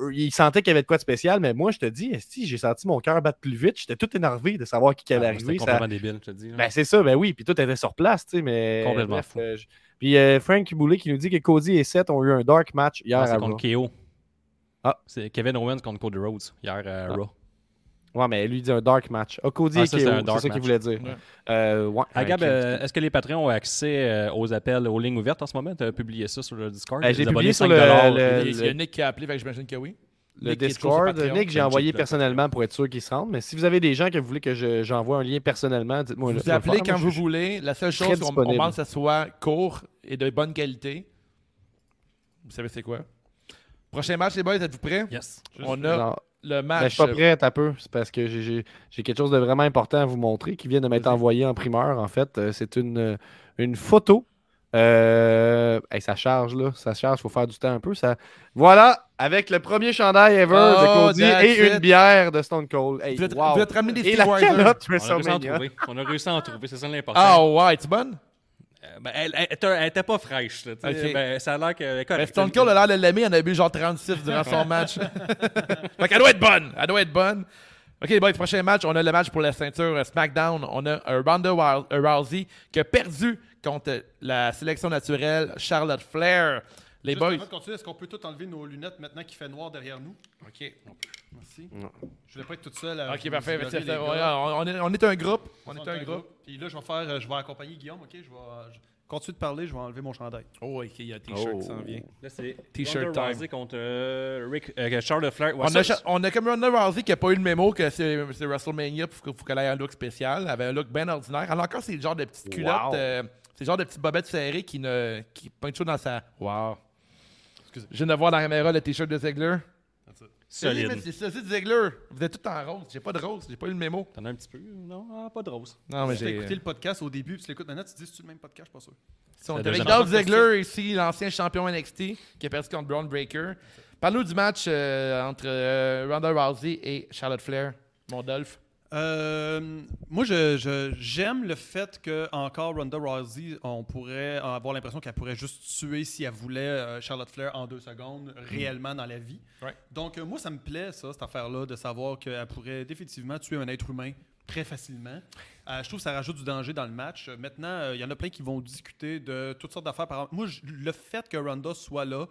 [SPEAKER 6] euh, il sentait qu'il y avait de quoi de spécial, mais moi, je te dis, esti, j'ai senti mon cœur battre plus vite. J'étais tout énervé de savoir qui qui allait
[SPEAKER 5] Ah, C'était
[SPEAKER 6] arriver. Ça-
[SPEAKER 5] complètement débile, je te dis. là.
[SPEAKER 6] ben, c'est ça, ben oui. Puis tout était sur place, tu sais, mais.
[SPEAKER 5] Complètement
[SPEAKER 6] bref,
[SPEAKER 5] fou.
[SPEAKER 6] euh, je- Puis euh, Frank Boulet qui nous dit que Cody et Seth ont eu un dark match hier
[SPEAKER 5] Ah,
[SPEAKER 6] à
[SPEAKER 5] c'est
[SPEAKER 6] Raw.
[SPEAKER 5] contre KO.
[SPEAKER 6] Ah.
[SPEAKER 5] C'est Kevin Owens contre Cody Rhodes hier à Raw.
[SPEAKER 6] Ouais, mais lui dit un dark match. Ah, Cody
[SPEAKER 5] Ah,
[SPEAKER 6] et
[SPEAKER 5] ça,
[SPEAKER 6] KO,
[SPEAKER 5] c'est un
[SPEAKER 6] c'est
[SPEAKER 5] dark
[SPEAKER 6] ça qu'il
[SPEAKER 5] match.
[SPEAKER 6] voulait dire.
[SPEAKER 3] Ouais.
[SPEAKER 6] Euh, ouais,
[SPEAKER 5] Ah, Gab,
[SPEAKER 6] ouais,
[SPEAKER 5] euh, est-ce que les patrons ont accès euh, aux appels, aux lignes ouvertes en ce moment? Tu as publié ça sur le Discord?
[SPEAKER 6] Ben,
[SPEAKER 5] Les
[SPEAKER 6] j'ai
[SPEAKER 5] abonnés,
[SPEAKER 6] publié sur
[SPEAKER 5] 5
[SPEAKER 6] le-
[SPEAKER 5] dollars.
[SPEAKER 6] euh, le-
[SPEAKER 3] Il y a Nick qui a appelé, fait que j'imagine que oui.
[SPEAKER 6] le
[SPEAKER 3] Nick qui est toujours sur
[SPEAKER 6] Discord.
[SPEAKER 3] Patreon.
[SPEAKER 6] Nick, j'ai
[SPEAKER 5] Comme
[SPEAKER 6] envoyé
[SPEAKER 5] Jeep, là,
[SPEAKER 6] personnellement pour être sûr qu'il se rende. Mais si vous avez des gens que vous voulez que je- j'envoie un lien personnellement, dites-moi. là, je
[SPEAKER 3] Vous
[SPEAKER 6] vais le
[SPEAKER 3] appelez
[SPEAKER 6] faire.
[SPEAKER 3] quand
[SPEAKER 6] Moi,
[SPEAKER 3] vous
[SPEAKER 6] je-
[SPEAKER 3] voulez. La seule
[SPEAKER 6] très
[SPEAKER 3] chose qu'on on
[SPEAKER 6] disponible.
[SPEAKER 3] demande, que ça soit court et de bonne qualité. Vous savez c'est quoi? Prochain match, les boys, êtes-vous prêts?
[SPEAKER 5] Yes.
[SPEAKER 3] On a
[SPEAKER 6] Non,
[SPEAKER 3] le
[SPEAKER 6] ben, je
[SPEAKER 3] match.
[SPEAKER 6] suis pas prêt à peu. C'est parce que j'ai- j'ai j'ai quelque chose de vraiment important à vous montrer qui vient de m'être envoyé en primeur. En fait, Euh, c'est une, une photo. Euh, hey, ça charge, là. Ça charge. faut faire du temps un peu. Ça... Voilà, avec le premier chandail ever
[SPEAKER 3] Oh,
[SPEAKER 6] de Cody
[SPEAKER 3] that's
[SPEAKER 6] et une
[SPEAKER 3] it.
[SPEAKER 6] bière de Stone Cold. Hey,
[SPEAKER 3] Vous êtes,
[SPEAKER 6] wow.
[SPEAKER 3] vous êtes ramené des
[SPEAKER 6] Et
[SPEAKER 3] Steve
[SPEAKER 6] la
[SPEAKER 3] Weiser.
[SPEAKER 6] calotte
[SPEAKER 5] On a réussi à en
[SPEAKER 6] WrestleMania.
[SPEAKER 5] trouver. On a réussi à en trouver. C'est ça l'important.
[SPEAKER 3] Ah ouais, tu bonne?
[SPEAKER 5] Euh, ben, elle, elle, était- elle était pas fraîche. Là, tu sais.
[SPEAKER 3] Ok.
[SPEAKER 5] ben, ça a l'air que.
[SPEAKER 3] Mais
[SPEAKER 5] correct.
[SPEAKER 3] Stone Cold a l'air de l'aimer, il en a bu genre 36 durant son match. fait qu'elle doit être bonne, elle doit être bonne. Ok, les boys, prochain match, on a le match pour la ceinture euh, SmackDown. On a euh, Ronda Wild- euh, Rousey qui a perdu contre la sélection naturelle Charlotte Flair. Les
[SPEAKER 4] Juste
[SPEAKER 3] boys,
[SPEAKER 4] avant de continuer, est-ce qu'on peut tout enlever nos lunettes maintenant qu'il fait noir derrière nous? OK. Merci. Je voulais pas être toute seule. à
[SPEAKER 3] ok,
[SPEAKER 4] vous
[SPEAKER 3] parfait.
[SPEAKER 4] ignorer,
[SPEAKER 3] c'est-
[SPEAKER 4] les
[SPEAKER 3] c'est-
[SPEAKER 4] gars.
[SPEAKER 3] on, on est, on est un groupe. On
[SPEAKER 4] On
[SPEAKER 3] est un groupe.
[SPEAKER 4] Puis là, je vais faire, euh, je vais accompagner Guillaume, OK? Je vais je- continue de parler, je vais enlever mon chandail.
[SPEAKER 3] Oh, ok, il y a un t-shirt qui s'en vient.
[SPEAKER 5] Là, c'est
[SPEAKER 3] T-shirt
[SPEAKER 5] Ronda
[SPEAKER 3] time.
[SPEAKER 5] Rousey contre euh, Rick, euh, Charles Flair. Ouais,
[SPEAKER 3] On
[SPEAKER 5] ça,
[SPEAKER 3] a, cha- on a comme Ronda Rousey qui n'a pas eu le mémo que c'est c'est WrestleMania, il faut, faut qu'elle ait un look spécial. Elle avait un look bien ordinaire. Elle a encore ces genres de petites culottes,
[SPEAKER 6] Wow.
[SPEAKER 3] euh, ces genres de petites bobettes serrées qui, ne, qui pointent chaud dans sa. Wow. Je viens de voir dans la caméra le t-shirt de Ziegler.
[SPEAKER 5] solide.
[SPEAKER 3] C'est celui de Ziegler. Vous êtes tout en rose. J'ai pas de rose, j'ai pas eu le mémo.
[SPEAKER 5] T'en as un petit peu? Non, Ah, pas de rose.
[SPEAKER 3] Non, mais
[SPEAKER 4] Si t'as
[SPEAKER 3] j'ai.
[SPEAKER 4] écouté le podcast au début, puis tu l'écoutes maintenant, tu te dis, c'est-tu le même podcast? Je suis pas sûr.
[SPEAKER 3] Si on
[SPEAKER 5] C'est
[SPEAKER 3] est
[SPEAKER 5] la
[SPEAKER 3] avec
[SPEAKER 5] deuxième
[SPEAKER 3] Dolph
[SPEAKER 5] fois.
[SPEAKER 3] Ziggler ici, l'ancien champion NXT, qui a perdu contre Braun Breaker. Parle-nous du match euh, entre euh, Ronda Rousey et Charlotte Flair, mon Dolph.
[SPEAKER 4] Euh, moi, je- je- j'aime le fait que encore Ronda Rousey, on pourrait avoir l'impression qu'elle pourrait juste tuer si elle voulait euh, Charlotte Flair en deux secondes, réellement dans la vie.
[SPEAKER 3] Ouais.
[SPEAKER 4] Donc, euh, moi, ça me plaît, ça, cette affaire-là, de savoir qu'elle pourrait définitivement tuer un être humain très facilement. Euh, je trouve que ça rajoute du danger dans le match. Euh, Maintenant, euh, il y en a plein qui vont discuter de toutes sortes d'affaires. Par exemple, moi, je- le fait que Ronda soit là,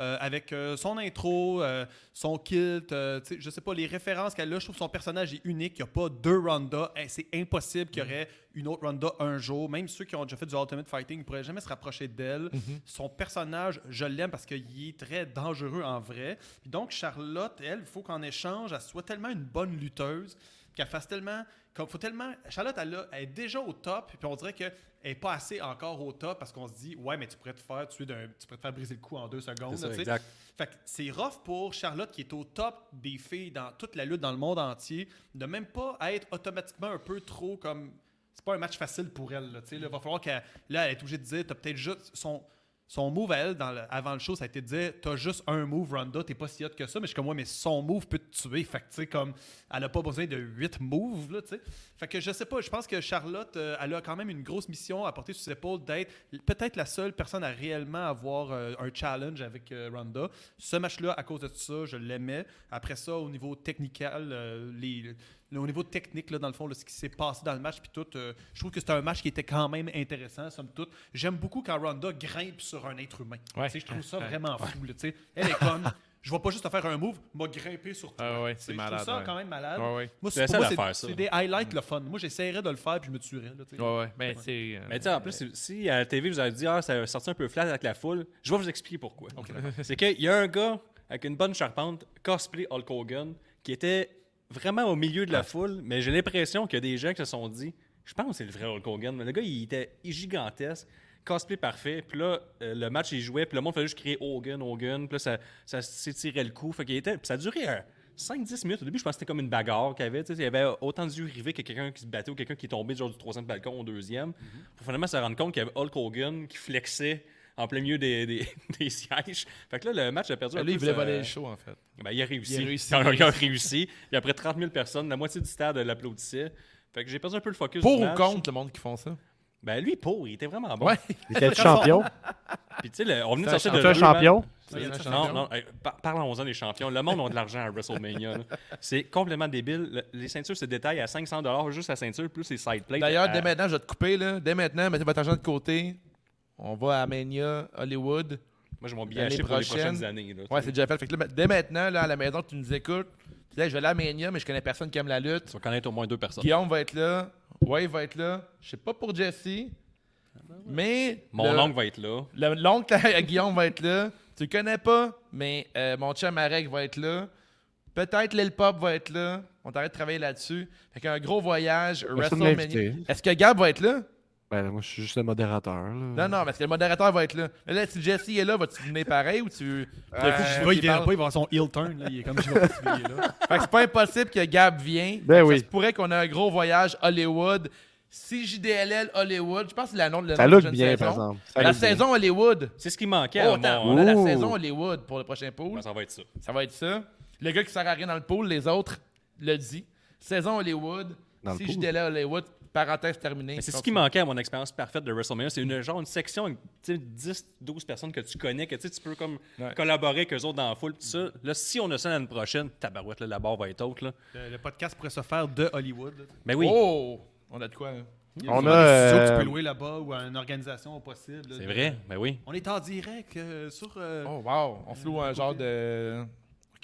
[SPEAKER 4] euh, avec euh, son intro, euh, son kilt, euh, tu sais, je sais pas, les références qu'elle a, je trouve que son personnage est unique. Il n'y a pas deux Ronda. Eh, C'est impossible qu'il y aurait une autre Ronda un jour. Même ceux qui ont déjà fait du Ultimate Fighting ne pourraient jamais se rapprocher d'elle.
[SPEAKER 5] Mhm.
[SPEAKER 4] Son personnage, je l'aime parce qu'il est très dangereux en vrai. Puis donc, Charlotte, elle, il faut qu'en échange, elle soit tellement une bonne lutteuse, qu'elle fasse tellement. Comme, faut tellement Charlotte, elle, a- elle est déjà au top, puis on dirait qu'elle n'est pas assez encore au top parce qu'on se dit, ouais, mais tu pourrais te faire tuer d'un- tu pourrais te faire briser le cou en deux secondes.
[SPEAKER 5] C'est ça,
[SPEAKER 4] tu sais.
[SPEAKER 5] exact.
[SPEAKER 4] Fait que c'est rough pour Charlotte qui est au top des filles dans toute la lutte dans le monde entier, de même pas être automatiquement un peu trop comme c'est pas un match facile pour elle. Là, tu sais, là, va falloir qu'elle là, elle est obligée de dire t'as peut-être juste son son move à elle dans le- avant le show ça a été de dire t'as juste un move Ronda t'es pas si hot que ça mais je suis comme ouais mais son move peut te tuer fait que tu sais comme elle a pas besoin de 8 moves là tu sais fait que je sais pas je pense que Charlotte euh, elle a quand même une grosse mission à porter sur ses épaules d'être peut-être la seule personne à réellement avoir euh, un challenge avec euh, Ronda ce match-là, à cause de ça, je l'aimais. Après ça, au niveau technical, euh, les, le- au niveau technique, là, dans le fond, là, ce qui s'est passé dans le match, puis tout, euh, je trouve que c'était un match qui était quand même intéressant, somme toute. J'aime beaucoup quand Ronda grimpe sur un être humain.
[SPEAKER 3] Ouais.
[SPEAKER 4] Tu sais, Je trouve ça vraiment fou. là, tu sais. Elle est conne. Je vais pas juste te faire un move, m'a grimpé sur toi.
[SPEAKER 3] Ah ouais,
[SPEAKER 4] Tu sais,
[SPEAKER 3] c'est
[SPEAKER 4] je
[SPEAKER 3] malade,
[SPEAKER 4] trouve ça
[SPEAKER 3] ouais.
[SPEAKER 4] quand même malade.
[SPEAKER 3] Ouais, ouais.
[SPEAKER 4] Moi,
[SPEAKER 5] C'est
[SPEAKER 4] c'est, pour
[SPEAKER 5] la
[SPEAKER 4] moi,
[SPEAKER 5] seule à faire,
[SPEAKER 4] c'est,
[SPEAKER 5] ça.
[SPEAKER 4] c'est des highlights le fun. Moi, j'essaierais de le faire, puis je me tuerais. là, tu sais.
[SPEAKER 3] Ouais, ouais. Ben, c'est. euh,
[SPEAKER 5] Mais tu sais, en plus, si- si à la TV, vous avez dit, ah, ça a sorti un peu flat avec la foule, je vais vous expliquer pourquoi. C'est qu'il y a un gars avec une bonne charpente, cosplay Hulk Hogan, qui était vraiment au milieu de
[SPEAKER 3] Ah.
[SPEAKER 5] la foule, mais j'ai l'impression qu'il y a des gens qui se sont dit, je pense que c'est le vrai Hulk Hogan, mais le gars, il était gigantesque. Cosplay parfait, puis là, euh, le match, il jouait, puis le monde faisait juste crier Hogan, Hogan, puis là, ça, ça s'étirait le coup. Fait qu'il était, puis ça hein. a duré un 5-10 minutes. Au début, je pensais que c'était comme une bagarre qu'il y avait. tu sais, Il y avait autant de yeux rivés que quelqu'un qui se battait ou quelqu'un qui est tombé genre, du troisième balcon au deuxième.
[SPEAKER 3] Mhm.
[SPEAKER 5] Pour finalement se rendre compte qu'il y avait Hulk Hogan qui flexait en plein milieu des, des, des sièges. Fait que là, euh, le match a perdu un
[SPEAKER 3] Ben, Lui, il
[SPEAKER 5] peu
[SPEAKER 3] voulait
[SPEAKER 5] sa-
[SPEAKER 3] voler le show, en fait.
[SPEAKER 5] ben, il a réussi.
[SPEAKER 3] Il a réussi,
[SPEAKER 5] Quand
[SPEAKER 3] il a
[SPEAKER 5] il a réussi. Il y a près de 30 000 personnes. La moitié du stade euh, l'applaudissait. Fait que j'ai perdu un peu le focus.
[SPEAKER 3] Pour
[SPEAKER 5] du
[SPEAKER 3] ou
[SPEAKER 5] match.
[SPEAKER 3] contre le monde qui font ça?
[SPEAKER 5] Ben lui, pour. Il était vraiment bon.
[SPEAKER 3] Ouais.
[SPEAKER 6] Il était champion.
[SPEAKER 5] Puis tu sais, le- on venait de
[SPEAKER 3] C'est un
[SPEAKER 5] sortir de
[SPEAKER 6] C'est un
[SPEAKER 5] deux
[SPEAKER 6] champion.
[SPEAKER 4] Ah, Il y a un
[SPEAKER 5] Non,
[SPEAKER 4] champion.
[SPEAKER 5] non, hey, par- parlons-en des champions. Le monde a de l'argent à WrestleMania. là. C'est complètement débile. Le- les ceintures se détaillent à 500 juste la ceinture, plus les side plates. Euh,
[SPEAKER 3] D'ailleurs,
[SPEAKER 5] à-
[SPEAKER 3] dès maintenant, je vais te couper, là. Dès maintenant, mettez votre argent de côté. On va à Mania, Hollywood.
[SPEAKER 5] Moi, j'ai mon billet
[SPEAKER 3] l'année
[SPEAKER 5] acheté pour les
[SPEAKER 3] prochaine-
[SPEAKER 5] prochaines années. là, tu
[SPEAKER 3] Ouais,
[SPEAKER 5] sais.
[SPEAKER 3] c'est déjà fait. Fait que là, dès maintenant, là, à la maison, tu nous écoutes. Tu dis, Hey, je vais aller à Mania, mais je connais personne qui aime la lutte.
[SPEAKER 5] Tu vas connaître au moins deux personnes.
[SPEAKER 3] Guillaume va être là. Wave va être là. Je sais pas pour Jesse. Mais.
[SPEAKER 5] Mon
[SPEAKER 3] le-
[SPEAKER 5] oncle va être là.
[SPEAKER 3] le- L'oncle à Guillaume va être là. Tu le connais pas, mais euh, mon chum Marek va être là. Peut-être Lil Pop va être là. On t'arrête de travailler là-dessus. Fait qu'un gros voyage,
[SPEAKER 6] Personne
[SPEAKER 3] WrestleMania.
[SPEAKER 6] l'invité.
[SPEAKER 3] Est-ce que Gab va être là?
[SPEAKER 6] Ben, moi, je suis juste le modérateur. là.
[SPEAKER 3] Non, non, parce que le modérateur va être là. Mais là, si Jesse est là, vas-tu venir pareil ou tu.
[SPEAKER 5] Euh,
[SPEAKER 3] tu-
[SPEAKER 4] J'y
[SPEAKER 3] tu-
[SPEAKER 4] vais, il
[SPEAKER 3] tu
[SPEAKER 4] vient
[SPEAKER 3] parles?
[SPEAKER 4] pas, il va avoir son heel turn. Là. Il est comme je vais pas te là.
[SPEAKER 3] Fait que c'est pas impossible que Gab vienne.
[SPEAKER 6] Ben
[SPEAKER 3] Ça
[SPEAKER 6] oui.
[SPEAKER 3] se pourrait qu'on ait un gros voyage Hollywood. CJDLL Hollywood, je pense que c'est la nom de la
[SPEAKER 6] Ça
[SPEAKER 3] nom de
[SPEAKER 6] look
[SPEAKER 3] la
[SPEAKER 6] bien,
[SPEAKER 3] saison.
[SPEAKER 6] par exemple. Ça
[SPEAKER 3] La
[SPEAKER 6] look bien.
[SPEAKER 3] saison Hollywood.
[SPEAKER 5] C'est ce qui manquait
[SPEAKER 3] Oh,
[SPEAKER 5] à
[SPEAKER 3] attends,
[SPEAKER 5] mon...
[SPEAKER 3] on a la
[SPEAKER 6] Ouh.
[SPEAKER 3] saison Hollywood pour le prochain pool.
[SPEAKER 5] Ben, ça va être ça.
[SPEAKER 3] Ça va être ça. Le gars qui sert à rien dans le pool, les autres le dit. Saison Hollywood.
[SPEAKER 6] Dans le
[SPEAKER 3] si
[SPEAKER 6] pool.
[SPEAKER 3] j'étais là Hollywood, parenthèse terminée.
[SPEAKER 5] Mais c'est ce qui manquait à mon expérience parfaite de WrestleMania. C'est une, genre une section avec tu sais, 10, 12 personnes que tu connais, que tu sais, tu peux comme collaborer avec eux autres dans la foule. pis Tout ça. Là, si on a ça l'année prochaine, tabarouette, là, la barre va être haute. Là.
[SPEAKER 4] Le, le podcast pourrait se faire de Hollywood. là.
[SPEAKER 5] Mais oui,
[SPEAKER 3] Oh! On a de quoi, hein?
[SPEAKER 6] On
[SPEAKER 4] Dans
[SPEAKER 6] a.
[SPEAKER 4] des studios que tu
[SPEAKER 6] euh,
[SPEAKER 4] peux louer là-bas ou à une organisation au possible. là.
[SPEAKER 5] c'est vrai. Mais oui.
[SPEAKER 4] On est en direct euh, sur. euh,
[SPEAKER 3] Oh, wow! On se loue un genre de.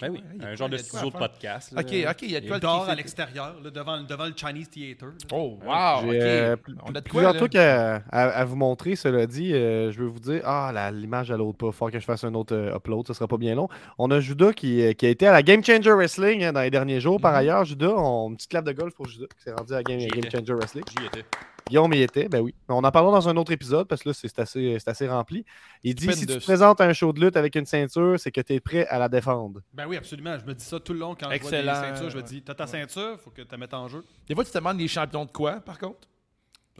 [SPEAKER 5] Ben oui.
[SPEAKER 3] ouais, y a
[SPEAKER 5] un
[SPEAKER 3] quoi,
[SPEAKER 5] genre de
[SPEAKER 3] y a de quoi
[SPEAKER 5] studio
[SPEAKER 3] à
[SPEAKER 5] de
[SPEAKER 3] faire.
[SPEAKER 5] podcast. là.
[SPEAKER 3] Ok, ok, il y a de
[SPEAKER 4] Il
[SPEAKER 3] quoi
[SPEAKER 4] dort
[SPEAKER 3] qui-
[SPEAKER 4] à l'extérieur, là, devant, devant le Chinese Theater. là.
[SPEAKER 3] Oh, wow!
[SPEAKER 6] J'ai, euh,
[SPEAKER 3] Ok.
[SPEAKER 6] pl-
[SPEAKER 3] On a de quoi,
[SPEAKER 6] plusieurs
[SPEAKER 3] là?
[SPEAKER 6] trucs à, à- à vous montrer, cela dit. euh, je veux vous dire, ah, la- l'image à l'autre pas. Faut que je fasse un autre euh, upload, ce sera pas bien long. On a Judas qui, euh, qui a été à la Game Changer Wrestling hein, dans les derniers jours. Par ailleurs, Judas, on, une petite clap de golf pour Judas qui s'est rendu à la Game,
[SPEAKER 5] J'y
[SPEAKER 6] Game
[SPEAKER 5] étais.
[SPEAKER 6] Changer Wrestling.
[SPEAKER 5] J'y étais.
[SPEAKER 6] Guillaume y était, ben oui. On en parlera dans un autre épisode parce que là, c'est c'est assez, c'est assez rempli. Il dit
[SPEAKER 3] peine
[SPEAKER 6] si
[SPEAKER 3] de-
[SPEAKER 6] tu te présentes à un show de lutte avec une ceinture, c'est que tu es prêt à la défendre.
[SPEAKER 4] Ben oui, absolument. Je me dis ça tout le long quand
[SPEAKER 3] Excellent.
[SPEAKER 4] je vois des ceintures. Je me dis, t'as ta ceinture, faut que tu la mettes en jeu.
[SPEAKER 3] Des fois, tu te demandes les champions de quoi, par contre?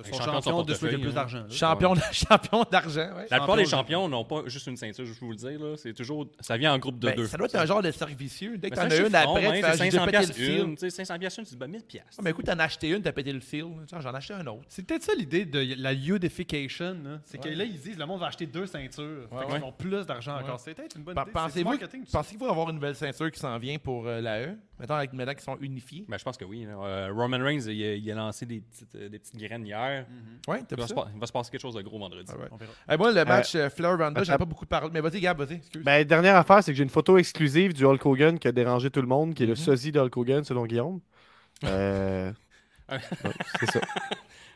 [SPEAKER 4] Ils
[SPEAKER 5] Les
[SPEAKER 4] sont
[SPEAKER 5] champions
[SPEAKER 4] champions
[SPEAKER 5] sont
[SPEAKER 4] de ceux qui ont le plus
[SPEAKER 5] portefeuille,
[SPEAKER 4] d'argent. là.
[SPEAKER 3] Champion de- champion d'argent, ouais.
[SPEAKER 5] La plupart des
[SPEAKER 4] Champion,
[SPEAKER 5] champions n'ont pas juste une ceinture, je vais vous le dire. là. C'est toujours... Ça vient en groupe de
[SPEAKER 3] Ben,
[SPEAKER 5] E deux.
[SPEAKER 3] ça doit être un genre de servicieux. Dès que
[SPEAKER 5] Mais
[SPEAKER 3] t'en as
[SPEAKER 5] c'est un
[SPEAKER 3] une
[SPEAKER 5] chiffron,
[SPEAKER 3] après,
[SPEAKER 5] hein,
[SPEAKER 3] tu fais
[SPEAKER 5] c'est
[SPEAKER 3] j'ai
[SPEAKER 5] 500
[SPEAKER 3] pété le
[SPEAKER 5] piastres
[SPEAKER 3] fil.
[SPEAKER 5] une. tu sais, 500 piastres une, tu te bats 1000 piastres.
[SPEAKER 3] Ah, mais écoute, t'en as acheté une, t'as pété le fil. Tiens, J'en achetais un autre.
[SPEAKER 4] C'est peut-être ça l'idée de y- la youdification. là. C'est que
[SPEAKER 3] Ouais.
[SPEAKER 4] là, ils disent le monde va acheter deux ceintures. Fait qu'ils
[SPEAKER 3] ouais.
[SPEAKER 4] ont plus d'argent
[SPEAKER 3] Ouais.
[SPEAKER 4] encore. C'est peut-être une bonne
[SPEAKER 3] Pe-
[SPEAKER 4] idée. C'est du
[SPEAKER 3] Pensez-vous
[SPEAKER 4] marketing, ça.
[SPEAKER 3] pensez avoir une nouvelle ceinture qui s'en vient pour euh, la E? Mettons, avec, maintenant qu'ils sont unifiés.
[SPEAKER 5] Ben, je pense que oui. là. Euh, Roman Reigns, il a, il a lancé des petites, euh, des petites graines hier.
[SPEAKER 3] Ouais, t'as
[SPEAKER 5] Il
[SPEAKER 3] vu
[SPEAKER 5] va, se
[SPEAKER 3] ça?
[SPEAKER 5] pa- il va se passer quelque chose de gros vendredi.
[SPEAKER 3] Mm. Ah ouais.
[SPEAKER 4] On verra.
[SPEAKER 3] Eh, moi, le match euh, Flair-Ronda, j'en ai
[SPEAKER 6] attends.
[SPEAKER 3] pas beaucoup parlé. Mais vas-y, Gab, vas-y. Excuse.
[SPEAKER 6] Ben, dernière affaire, c'est que j'ai une photo exclusive du Hulk Hogan qui a dérangé tout le monde,
[SPEAKER 4] Mhm.
[SPEAKER 6] qui est le sosie de Hulk Hogan selon Guillaume. Euh, ouais, c'est ça.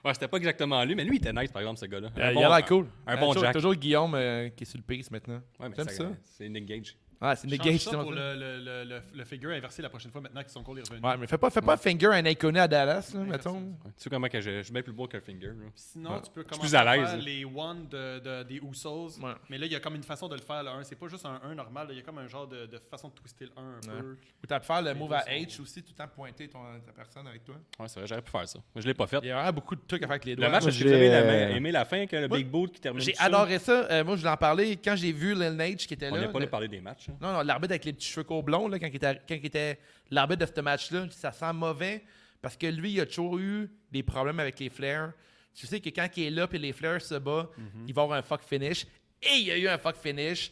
[SPEAKER 5] Ouais, c'était pas exactement lui, mais lui, il était nice, par exemple, ce gars-là.
[SPEAKER 3] Euh,
[SPEAKER 5] Un
[SPEAKER 3] il
[SPEAKER 5] bon-
[SPEAKER 3] a l'air cool.
[SPEAKER 5] un
[SPEAKER 3] Euh,
[SPEAKER 5] bon
[SPEAKER 3] toujours,
[SPEAKER 5] Jack.
[SPEAKER 3] toujours Guillaume euh, qui est sur le piste maintenant.
[SPEAKER 5] Ouais, mais
[SPEAKER 3] J'aime ça.
[SPEAKER 5] C'est Nick Gage.
[SPEAKER 3] Ah, c'est
[SPEAKER 4] Change
[SPEAKER 3] Negage.
[SPEAKER 4] ça pour le, le, le, le, le figure inversé la prochaine fois maintenant qu'ils sont cool est revenu.
[SPEAKER 3] Ouais, mais fais pas, fais pas finger un inconnu à Dallas, là, mettons.
[SPEAKER 5] Ouais. Tu sais comment que je, je suis bien plus beau que le finger. là.
[SPEAKER 4] Sinon, tu peux
[SPEAKER 5] suis
[SPEAKER 4] commencer
[SPEAKER 5] plus à
[SPEAKER 4] à,
[SPEAKER 5] l'aise,
[SPEAKER 4] faire
[SPEAKER 5] là.
[SPEAKER 4] les one de, de- des Usos.
[SPEAKER 3] Ouais.
[SPEAKER 4] Mais là, il y a comme une façon de le faire, le 1. C'est pas juste un 1 normal. là. Il y a comme un genre de, de façon de twister le 1 un peu.
[SPEAKER 3] Ou t'as pu faire le
[SPEAKER 4] Les
[SPEAKER 3] move
[SPEAKER 4] deux
[SPEAKER 3] à
[SPEAKER 4] sont-
[SPEAKER 3] H aussi, tout le temps pointer ton- ta personne avec toi.
[SPEAKER 5] Ouais, c'est vrai, j'aurais pu faire ça. Mais je l'ai pas fait.
[SPEAKER 3] Il y a vraiment beaucoup de trucs à faire avec les doigts.
[SPEAKER 5] Le match,
[SPEAKER 6] moi,
[SPEAKER 5] est-ce que
[SPEAKER 6] j'ai- euh,
[SPEAKER 5] vous avez aimé- aimé la fin, que le
[SPEAKER 3] Moi,
[SPEAKER 5] Big Boot qui termine
[SPEAKER 3] J'ai
[SPEAKER 5] tout seul?
[SPEAKER 3] adoré ça. Euh, moi, je voulais en parler quand j'ai vu Lil Nage qui était
[SPEAKER 5] On
[SPEAKER 3] là.
[SPEAKER 5] n'est pas là
[SPEAKER 3] le-
[SPEAKER 5] pour parler des matchs. hein.
[SPEAKER 3] Non, non, l'arbitre avec les petits cheveux courts blonds, là, quand il était, quand il était l'arbitre de ce match-là, ça sent mauvais parce que lui, il a toujours eu des problèmes avec les flares. Tu sais que quand il est là puis les flares se bat, il va avoir un fuck finish. Et il y a eu un fuck finish.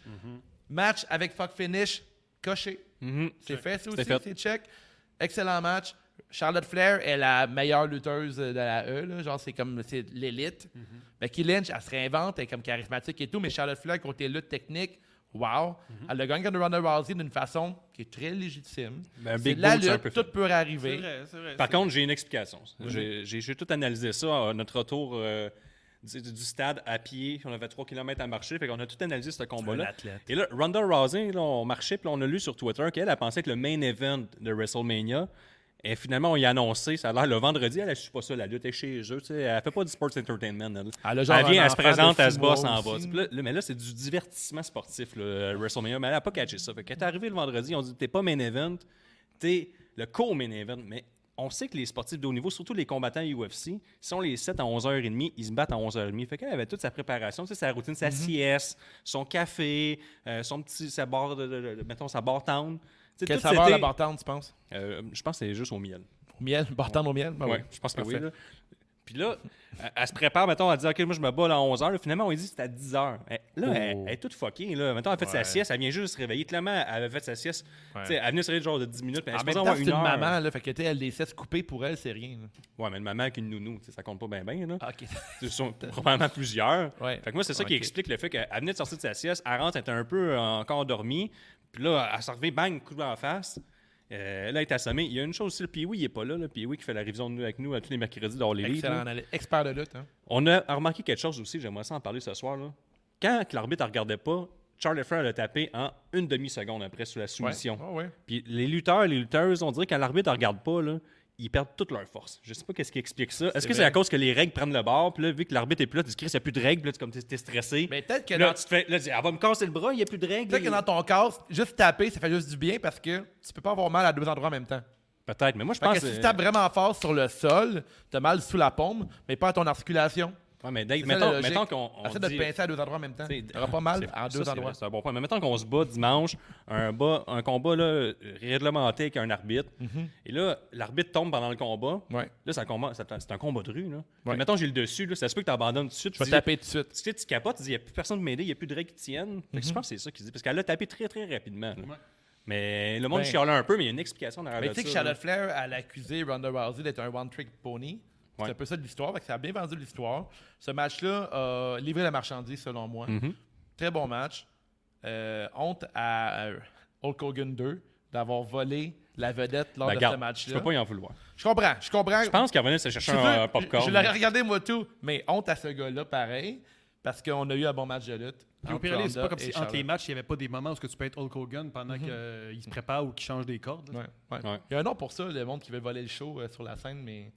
[SPEAKER 3] Match avec fuck finish, coché. C'est fait, ça aussi,
[SPEAKER 5] C'était Mhm. fait.
[SPEAKER 3] c'est check. Excellent match. Charlotte Flair est la meilleure lutteuse de la E, là. genre c'est comme c'est l'élite.
[SPEAKER 5] Mhm.
[SPEAKER 3] Becky Lynch, elle se réinvente, elle est comme charismatique et tout, mais Charlotte Flair, côté lutte technique, wow.
[SPEAKER 5] Mhm.
[SPEAKER 3] Elle a gagné contre Ronda Rousey d'une façon qui est très légitime.
[SPEAKER 5] Ben,
[SPEAKER 3] c'est
[SPEAKER 5] Big
[SPEAKER 3] la
[SPEAKER 5] Boots, c'est un peu
[SPEAKER 3] lutte, tout
[SPEAKER 5] fait.
[SPEAKER 3] peut
[SPEAKER 4] C'est
[SPEAKER 3] arriver.
[SPEAKER 4] vrai, c'est vrai.
[SPEAKER 5] Par
[SPEAKER 4] c'est-
[SPEAKER 5] contre, j'ai une explication. J'ai- J'ai j'ai tout analysé ça à notre retour euh, du, du stade à pied. On avait 3 km à marcher. Fait qu'on a tout analysé ce combat-là. Et là, Ronda Rousey, là, on marchait, puis on a lu sur Twitter qu'elle a pensé que le main event de WrestleMania. Et finalement, on y a annoncé, ça a l'air le vendredi, elle ne suit pas ça, la lutte est chez eux. tu sais, Elle fait pas du sports entertainment. Elle,
[SPEAKER 3] Elle a genre
[SPEAKER 5] Elle vient,
[SPEAKER 3] un
[SPEAKER 5] elle
[SPEAKER 3] enfant
[SPEAKER 5] se
[SPEAKER 3] de
[SPEAKER 5] présente, elle
[SPEAKER 3] six
[SPEAKER 5] se
[SPEAKER 3] mois
[SPEAKER 5] bat, s'en va.
[SPEAKER 3] aussi.
[SPEAKER 5] Puis là, là, mais là, c'est du divertissement sportif, le WrestleMania. Mais elle n'a pas catché ça. Fait qu'elle est arrivée le vendredi, on dit t'es pas main event, t'es le co-main event. Mais on sait que les sportifs de haut niveau, surtout les combattants UFC, si on les 7 à 11h30, ils se battent à 11h30. Fait qu'elle avait toute sa préparation, tu sais, sa routine, sa
[SPEAKER 3] Mm-hmm.
[SPEAKER 5] sieste, son café, euh, son petit, sa barre, de, de- de- mettons, sa barre town. Tu sais,
[SPEAKER 3] Quelle
[SPEAKER 5] tout
[SPEAKER 3] saveur la
[SPEAKER 5] c'était-
[SPEAKER 3] bartende, tu penses
[SPEAKER 5] Euh, je pense que c'est juste au miel.
[SPEAKER 3] Au miel, bartende au miel Ben
[SPEAKER 5] Oui,
[SPEAKER 3] oui.
[SPEAKER 5] je pense que
[SPEAKER 3] Parfait.
[SPEAKER 5] oui. là. Puis là, elle, elle se prépare, mettons, à dire, OK, moi, je me bats là, à 11h. Finalement, on lui dit c'est à 10h. là,
[SPEAKER 3] Oh.
[SPEAKER 5] elle, elle est toute fuckée. Là. Mettons, elle a fait sa sieste, elle vient juste se réveiller. Clairement, elle a fait sa sieste. Tu sais, Elle est venue se réveiller genre de 10 minutes. Mais elle
[SPEAKER 3] En
[SPEAKER 5] se
[SPEAKER 3] même
[SPEAKER 5] posait
[SPEAKER 3] temps,
[SPEAKER 5] avoir
[SPEAKER 3] c'est
[SPEAKER 5] Ah, une
[SPEAKER 3] une
[SPEAKER 5] heure.
[SPEAKER 3] maman, là, fait que tu sais, elle les cesse couper pour elle, c'est rien. là.
[SPEAKER 5] Ouais, mais une maman avec une nounou, tu sais, ça compte pas bien, bien. là.
[SPEAKER 3] Ok.
[SPEAKER 5] Ce sont probablement plusieurs.
[SPEAKER 3] Ah. Ouais.
[SPEAKER 5] Fait que moi, c'est ça qui
[SPEAKER 3] Ok.
[SPEAKER 5] explique le fait qu'elle venait de sortir de sa sieste, elle rentre, elle était un peu euh, encore endormie, puis là, elle s'est relevée, bang, coup de en face. Euh, là, elle est assommée. Il y a une chose aussi, le Pioui, il est pas là. Le Pioui qui fait la révision de nous- avec nous euh, tous les mercredis dans les livres. là.
[SPEAKER 3] Excellent, elle est expert de lutte. Hein.
[SPEAKER 5] On a remarqué quelque chose aussi, j'aimerais ça en parler ce soir. Là. Quand que l'arbitre ne regardait pas, Charlie Flair l'a tapé en une demi-seconde après sur la
[SPEAKER 3] Ouais.
[SPEAKER 5] soumission.
[SPEAKER 3] Ah ouais.
[SPEAKER 5] Puis les lutteurs, les lutteuses, on dirait que quand l'arbitre ne regarde pas, là, ils perdent toute leur force. Je sais pas qu'est-ce qui explique ça. Est-ce que c'est à cause que les règles prennent le bord, puis là, vu que l'arbitre est plus là, tu dis, Chris, il n'y a plus de règles, puis là, tu comme, t'es- t'es stressé.
[SPEAKER 3] Mais peut-être que,
[SPEAKER 5] là,
[SPEAKER 3] dans,
[SPEAKER 5] tu te fais, là, tu dis, elle va me casser le bras, il n'y a plus de règles.
[SPEAKER 3] peut-être que dans ton cas, juste taper, ça fait juste du bien parce que tu peux pas avoir mal à deux endroits en même temps.
[SPEAKER 5] Peut-être, mais moi, je
[SPEAKER 3] Fait
[SPEAKER 5] pense
[SPEAKER 3] que si tu tapes vraiment fort sur le sol, t'as mal sous la paume, mais pas à ton articulation.
[SPEAKER 5] Ouais, mais Dave,
[SPEAKER 3] C'est ça,
[SPEAKER 5] mettons,
[SPEAKER 3] la logique.
[SPEAKER 5] mettons qu'on. on
[SPEAKER 3] Essaie de te
[SPEAKER 5] dit-
[SPEAKER 3] pincer à deux endroits en même temps.
[SPEAKER 5] T'sais,
[SPEAKER 3] T'auras pas mal
[SPEAKER 5] c'est-
[SPEAKER 3] à
[SPEAKER 5] ça,
[SPEAKER 3] deux
[SPEAKER 5] c'est
[SPEAKER 3] endroits.
[SPEAKER 5] vrai, C'est un bon point. Mais mettons qu'on se bat dimanche, un, bas, un combat là, euh, réglementé avec un arbitre. Et là, l'arbitre tombe pendant le combat.
[SPEAKER 3] Mm-hmm. Ouais.
[SPEAKER 5] Là, c'est un combat, c'est un- c'est un combat de rue. Là.
[SPEAKER 3] Ouais.
[SPEAKER 5] Mettons, j'ai le dessus. Là, ça se peut que tu abandonnes tout de suite.
[SPEAKER 3] Je vais
[SPEAKER 5] tu dis-
[SPEAKER 3] taper tout de suite.
[SPEAKER 5] tu sais, tu capotes, tu dis, il n'y a plus personne pour m'aider, il n'y a plus de règles qui tiennent. Fait que
[SPEAKER 3] Mhm.
[SPEAKER 5] Je pense que c'est ça qu'il dit. Parce qu'elle a tapé très, très rapidement. là. Mais le monde
[SPEAKER 3] Ben.
[SPEAKER 5] chialait un peu, mais il y a une explication derrière
[SPEAKER 3] Ah, Mais
[SPEAKER 5] de
[SPEAKER 3] tu sais que
[SPEAKER 5] ça, là.
[SPEAKER 3] Charlotte Flair, elle a accusé Ronda Rousey d'être un one-trick pony. C'est
[SPEAKER 5] Ouais.
[SPEAKER 3] un peu ça de l'histoire. Fait que ça a bien vendu l'histoire. Ce match-là a livré la marchandise, selon moi.
[SPEAKER 5] Mhm.
[SPEAKER 3] Très bon match. Euh, honte à euh, Hulk Hogan 2 d'avoir volé la vedette lors
[SPEAKER 5] Ben,
[SPEAKER 3] de
[SPEAKER 5] garde,
[SPEAKER 3] ce
[SPEAKER 5] je
[SPEAKER 3] match-là.
[SPEAKER 5] peux pas y en vouloir.
[SPEAKER 3] Je comprends, je comprends.
[SPEAKER 5] Je pense qu'elle venait se chercher
[SPEAKER 3] Je
[SPEAKER 5] un
[SPEAKER 3] veux-
[SPEAKER 5] euh, popcorn.
[SPEAKER 3] Je, je l'aurais regardé, moi, tout. Mais honte à ce gars-là, pareil, parce qu'on a eu un bon match de lutte.
[SPEAKER 4] Puis au
[SPEAKER 3] entre
[SPEAKER 4] pire, allez, c'est pas
[SPEAKER 3] Ronda
[SPEAKER 4] comme si
[SPEAKER 3] et
[SPEAKER 4] entre les
[SPEAKER 3] Charlotte. Mhm.
[SPEAKER 4] matchs, il n'y avait pas des moments où ce que tu peux être Hulk Hogan pendant qu'il se prépare ou qu'il change des cordes. là.
[SPEAKER 3] Ouais, ouais.
[SPEAKER 5] Ouais.
[SPEAKER 3] Il y a un nom pour ça, le monde qui veut voler le show euh, sur la scène, mais.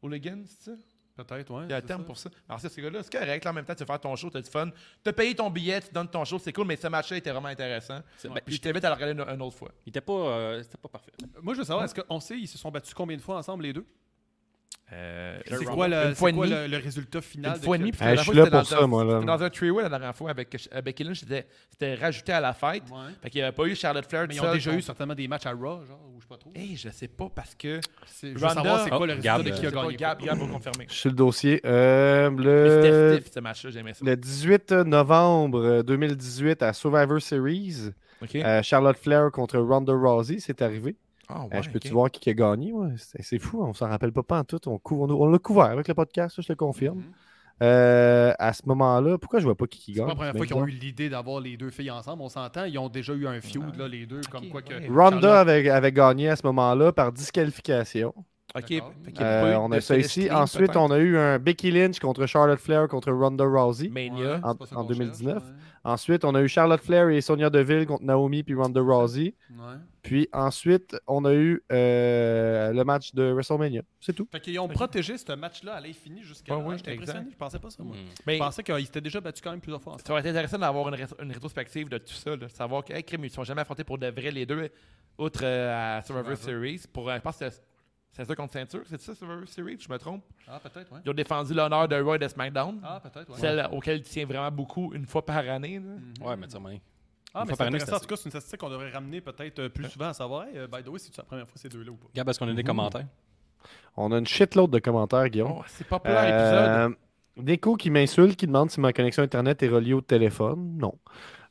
[SPEAKER 3] Hooligan, c'est ça?
[SPEAKER 4] Peut-être, ouais.
[SPEAKER 3] Il y a un
[SPEAKER 4] c'est
[SPEAKER 3] terme
[SPEAKER 4] ça.
[SPEAKER 3] pour ça. Alors, c'est ce gars-là, c'est correct. là, en même temps, tu veux faire ton show, t'as du fun. T'as payé ton billet, tu donnes ton show, c'est cool, mais ce match-là était vraiment intéressant.
[SPEAKER 5] ben,
[SPEAKER 3] Puis je t'invite à le regarder une, une autre fois.
[SPEAKER 5] Il était pas, euh, c'était pas parfait.
[SPEAKER 4] Moi, je veux savoir, est-ce qu'on sait, ils se sont battus combien de fois ensemble, les deux C'est
[SPEAKER 3] Euh, Rumble.
[SPEAKER 4] quoi, le,
[SPEAKER 3] Une fois
[SPEAKER 4] c'est
[SPEAKER 3] et
[SPEAKER 4] quoi
[SPEAKER 3] demie.
[SPEAKER 4] le, le résultat final
[SPEAKER 3] Une fois et
[SPEAKER 4] de
[SPEAKER 3] demie,
[SPEAKER 6] Hey, je suis là pour ça, moi, là.
[SPEAKER 3] C'était dans un three-way la dernière fois avec euh, Becky Lynch, c'était c'était rajouté à la fête.
[SPEAKER 4] Ouais.
[SPEAKER 3] Fait qu'il n'y avait pas eu Charlotte Flair. tout
[SPEAKER 4] Mais ils ont
[SPEAKER 3] seul,
[SPEAKER 4] déjà
[SPEAKER 3] donc-
[SPEAKER 4] eu certainement des matchs à Raw, genre, ou je sais pas trop.
[SPEAKER 3] Eh, je sais pas parce que.
[SPEAKER 4] C'est- Je veux savoir, c'est
[SPEAKER 3] Ronda-
[SPEAKER 4] quoi le
[SPEAKER 5] Oh,
[SPEAKER 4] résultat
[SPEAKER 5] Gab,
[SPEAKER 4] de
[SPEAKER 5] euh,
[SPEAKER 4] qui a
[SPEAKER 3] C'est pas
[SPEAKER 4] gagné.
[SPEAKER 3] Gab, Gab va confirmer.
[SPEAKER 6] Je suis le dossier. Euh,
[SPEAKER 3] C'était
[SPEAKER 6] le,
[SPEAKER 3] stiff, ce match-là, j'aimais ça.
[SPEAKER 6] le 18 novembre 2018 à Survivor Series,
[SPEAKER 3] Ok.
[SPEAKER 6] euh, Charlotte Flair contre Ronda Rousey, c'est arrivé.
[SPEAKER 3] Ah,
[SPEAKER 6] Euh,
[SPEAKER 3] ouais,
[SPEAKER 6] je peux-tu
[SPEAKER 3] ok.
[SPEAKER 6] voir qui qui a gagné? ouais? C'est c'est fou, on s'en rappelle pas en tout. On, couvre- on, on l'a couvert avec le podcast, ça, je te confirme.
[SPEAKER 4] Mhm.
[SPEAKER 6] Euh, à ce moment-là, pourquoi je vois pas qui, qui
[SPEAKER 4] C'est
[SPEAKER 6] gagne?
[SPEAKER 4] pas la première
[SPEAKER 6] C'est
[SPEAKER 4] fois qu'ils ont
[SPEAKER 6] bizarre.
[SPEAKER 4] eu l'idée d'avoir les deux filles ensemble, on s'entend. Ils ont déjà eu un feud, là, les deux, comme quoi que.
[SPEAKER 3] ouais.
[SPEAKER 6] Ronda
[SPEAKER 4] Charlotte-
[SPEAKER 6] avait, avait gagné à ce moment-là par disqualification.
[SPEAKER 3] Ok,
[SPEAKER 4] D'accord.
[SPEAKER 3] fait qu'il y a
[SPEAKER 6] Euh,
[SPEAKER 3] pas eu
[SPEAKER 6] on
[SPEAKER 3] de
[SPEAKER 6] a ça ici.
[SPEAKER 3] Celestine,
[SPEAKER 6] Ensuite,
[SPEAKER 3] peut-être.
[SPEAKER 6] on a eu un Becky Lynch contre Charlotte Flair contre Ronda Rousey.
[SPEAKER 3] Mania.
[SPEAKER 4] Ouais, c'est
[SPEAKER 6] en-
[SPEAKER 4] pas ça
[SPEAKER 6] en
[SPEAKER 4] qu'on
[SPEAKER 6] 2019.
[SPEAKER 4] cherche,
[SPEAKER 6] Ensuite, on a eu Charlotte Flair et Sonia Deville contre Naomi puis Ronda Rousey.
[SPEAKER 4] ouais. Ouais.
[SPEAKER 6] Puis ensuite, on a eu euh, le match de WrestleMania. C'est tout.
[SPEAKER 4] Fait qu'ils ont protégé ce match-là à l'infini jusqu'à.
[SPEAKER 3] Ouais,
[SPEAKER 4] là.
[SPEAKER 3] ouais,
[SPEAKER 4] J'étais
[SPEAKER 3] exact.
[SPEAKER 4] impressionné, je pensais pas ça, moi.
[SPEAKER 5] Mm.
[SPEAKER 3] Mais
[SPEAKER 4] Je pensais qu'ils s'étaient déjà battus quand même plusieurs fois ensemble.
[SPEAKER 3] ça aurait été intéressant d'avoir une, ré- une rétrospective de tout ça, là, de savoir que, hey, crime, ils se sont jamais affrontés pour de vrai, les deux, outre euh, à Survivor Series. Pour, euh, je pense que c'est ceinture contre ceinture, c'est ça, Survivor Series, je me trompe.
[SPEAKER 4] Ah, peut-être, ouais.
[SPEAKER 3] Ils ont défendu l'honneur de Roy de SmackDown,
[SPEAKER 4] Ah, peut-être, ouais.
[SPEAKER 3] celle auquel il tient vraiment beaucoup une fois par année. là.
[SPEAKER 5] Ouais, mais tu sais, mais-
[SPEAKER 4] Ah,
[SPEAKER 5] Une
[SPEAKER 4] mais
[SPEAKER 5] fois
[SPEAKER 4] c'est
[SPEAKER 5] par année,
[SPEAKER 4] intéressant.
[SPEAKER 5] c'est
[SPEAKER 4] En tout cas, c'est une statistique qu'on devrait ramener peut-être euh, plus souvent à savoir. Hey, euh, by the way, c'est-tu la première fois ces deux-là ou pas?
[SPEAKER 5] Gab, est-ce qu'on a
[SPEAKER 3] Mhm.
[SPEAKER 5] des commentaires?
[SPEAKER 6] On a une shitload de commentaires, Guillaume.
[SPEAKER 3] Oh, c'est populaire l'épisode.
[SPEAKER 6] Euh, Déco qui m'insulte, qui demande si ma connexion Internet est reliée au téléphone. Non.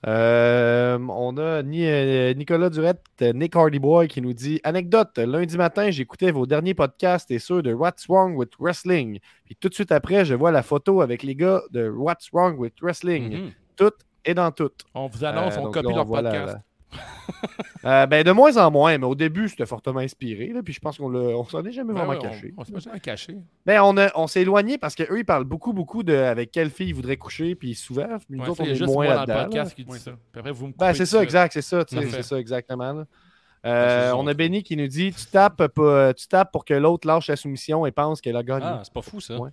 [SPEAKER 6] Euh, on a Ni- euh, Nicolas Durette, euh, Nick Hardy Boy qui nous dit Anecdote, lundi matin, j'écoutais vos derniers podcasts et ceux de What's Wrong with Wrestling. Puis tout de suite après, je vois la photo avec les gars de What's Wrong with Wrestling.
[SPEAKER 5] Mhm.
[SPEAKER 6] Tout et dans tout.
[SPEAKER 3] On vous annonce,
[SPEAKER 6] Euh,
[SPEAKER 3] on
[SPEAKER 6] donc
[SPEAKER 3] copie
[SPEAKER 6] là, on
[SPEAKER 3] leur
[SPEAKER 6] voit la-
[SPEAKER 3] podcast.
[SPEAKER 6] la- Euh, ben, de moins en moins, mais au début, c'était fortement inspiré. là, puis je pense qu'on l'a- on s'en est jamais
[SPEAKER 3] Ben
[SPEAKER 6] vraiment
[SPEAKER 3] ouais, on-
[SPEAKER 6] caché.
[SPEAKER 3] On, s'est pas jamais caché.
[SPEAKER 6] Ben, on, a- on s'est éloigné parce qu'eux, ils parlent beaucoup, beaucoup de avec quelle fille ils voudraient coucher, puis souvent, puis nous
[SPEAKER 3] Ouais,
[SPEAKER 6] autres,
[SPEAKER 3] c'est
[SPEAKER 6] on est
[SPEAKER 3] juste moi
[SPEAKER 6] moins
[SPEAKER 3] dans le
[SPEAKER 6] là-dedans. là.
[SPEAKER 3] podcast qui dit ça. Puis après, vous me
[SPEAKER 6] Ben,
[SPEAKER 3] coupez
[SPEAKER 6] c'est
[SPEAKER 3] tout
[SPEAKER 6] ça,
[SPEAKER 3] de suite.
[SPEAKER 6] exact, c'est ça, tu sais,
[SPEAKER 3] Parfait. Ben,
[SPEAKER 6] c'est ça, exactement. là.
[SPEAKER 5] Ouais,
[SPEAKER 6] Euh,
[SPEAKER 5] c'est
[SPEAKER 6] on
[SPEAKER 5] son
[SPEAKER 6] a
[SPEAKER 5] truc.
[SPEAKER 6] Benny qui nous dit tu tapes, euh, pas- tu tapes pour que l'autre lâche la soumission et pense qu'elle a gagné.
[SPEAKER 5] Ah, c'est pas fou, ça.
[SPEAKER 6] Ouais.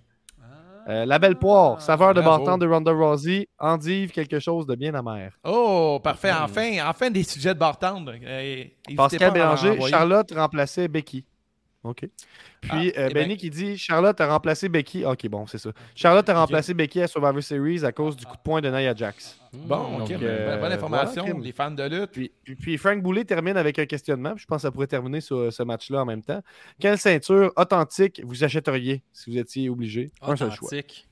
[SPEAKER 6] Euh, la belle poire, saveur de
[SPEAKER 3] bravo.
[SPEAKER 6] bartende de Ronda Rousey, endive quelque chose de bien amer.
[SPEAKER 3] Oh, parfait.
[SPEAKER 5] Mm.
[SPEAKER 3] Enfin, enfin des sujets de bartende. Euh, n'hésitez
[SPEAKER 6] Pascal
[SPEAKER 3] pas à en
[SPEAKER 6] Bélanger,
[SPEAKER 3] envoyer.
[SPEAKER 6] Charlotte remplaçait Becky. OK. Puis
[SPEAKER 3] Ah,
[SPEAKER 6] euh,
[SPEAKER 3] eh ben-
[SPEAKER 6] Benny qui dit Charlotte a remplacé Becky. Ah, OK, bon, c'est ça. Charlotte a remplacé Becky à Survivor Series à cause du coup de poing de Nia Jax.
[SPEAKER 3] Bon, ok.
[SPEAKER 6] Donc,
[SPEAKER 3] ben,
[SPEAKER 6] euh,
[SPEAKER 3] bonne information.
[SPEAKER 6] voilà, Kim.
[SPEAKER 3] les fans de lutte.
[SPEAKER 6] Puis, puis- puis Frank Boulet termine avec un questionnement. puis Je pense que ça pourrait terminer sur euh, ce match-là en même temps. Quelle ceinture authentique vous achèteriez si vous étiez obligé Un seul choix.
[SPEAKER 5] Authentique.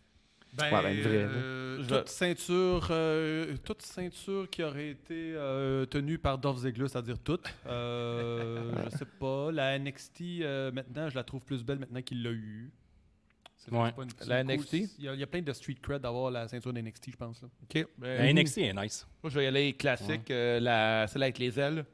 [SPEAKER 4] Ben,
[SPEAKER 6] Ouais, ben, vrai, là.
[SPEAKER 4] euh,
[SPEAKER 3] Je-
[SPEAKER 4] toute, ceinture, euh, toute ceinture qui aurait été euh, tenue par Dolph Ziggler, c'est-à-dire toute. Euh, je sais pas. La NXT, euh, maintenant, je la trouve plus belle maintenant qu'il l'a eu. C'est
[SPEAKER 5] Ouais.
[SPEAKER 4] pas une- c'est
[SPEAKER 3] La
[SPEAKER 4] une
[SPEAKER 3] NXT?
[SPEAKER 4] cool- Il y, a- il y a plein de street cred d'avoir la ceinture de NXT, je pense. là.
[SPEAKER 3] Ok. Ben,
[SPEAKER 5] La NXT est nice.
[SPEAKER 3] Moi, je vais y aller classique. euh, la, celle avec les ailes.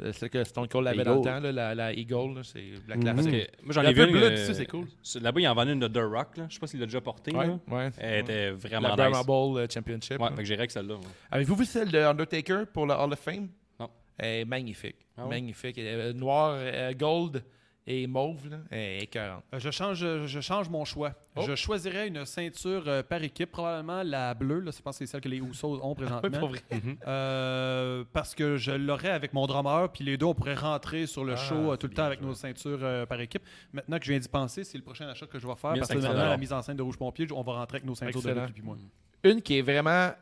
[SPEAKER 3] Euh, celle que Stone Cold avait
[SPEAKER 6] Eagle.
[SPEAKER 3] dans le temps, là, la, la Eagle. là, C'est la
[SPEAKER 6] Mhm.
[SPEAKER 3] classique.
[SPEAKER 5] Parce que Moi, j'en
[SPEAKER 3] Il y a
[SPEAKER 5] ai
[SPEAKER 3] un peu
[SPEAKER 5] vu.
[SPEAKER 3] de bleu dessus, c'est cool.
[SPEAKER 5] cool. Là-bas, il en vendait une de The Rock. là. Je sais pas s'il l'a déjà portée.
[SPEAKER 3] Ouais,
[SPEAKER 5] là.
[SPEAKER 3] ouais.
[SPEAKER 5] Elle était vraiment
[SPEAKER 3] La Royal
[SPEAKER 5] nice.
[SPEAKER 3] Rumble euh, Championship. là.
[SPEAKER 5] Ouais, fait que j'irais avec celle-là. ouais.
[SPEAKER 3] Avez-vous vu celle de Undertaker pour le Hall of Fame?
[SPEAKER 5] Non.
[SPEAKER 3] Elle est magnifique.
[SPEAKER 5] Ah ouais?
[SPEAKER 3] Magnifique. Elle est, euh, noire, euh, gold et mauve, là, et écœurante.
[SPEAKER 4] Euh, Je change, je je change mon choix.
[SPEAKER 3] Oh.
[SPEAKER 4] Je choisirais une ceinture euh, par équipe, probablement la bleue. Là, je pense que c'est celle que les Houssos ont présentement.
[SPEAKER 3] vrai.
[SPEAKER 4] Euh, parce que je l'aurais avec mon drummer, puis les deux, on pourrait rentrer sur le
[SPEAKER 3] Ah,
[SPEAKER 4] show euh,
[SPEAKER 3] c'est
[SPEAKER 4] tout le
[SPEAKER 3] bien
[SPEAKER 4] temps avec
[SPEAKER 3] joué.
[SPEAKER 4] nos ceintures euh, par équipe. Maintenant que je viens d'y penser, c'est le prochain achat que je vais faire. Parce que
[SPEAKER 5] 1500
[SPEAKER 4] maintenant, la mise en scène de Rouge Pompier, on va rentrer avec nos ceintures
[SPEAKER 3] Excellent.
[SPEAKER 4] de lutte, puis moi.
[SPEAKER 3] Une qui est vraiment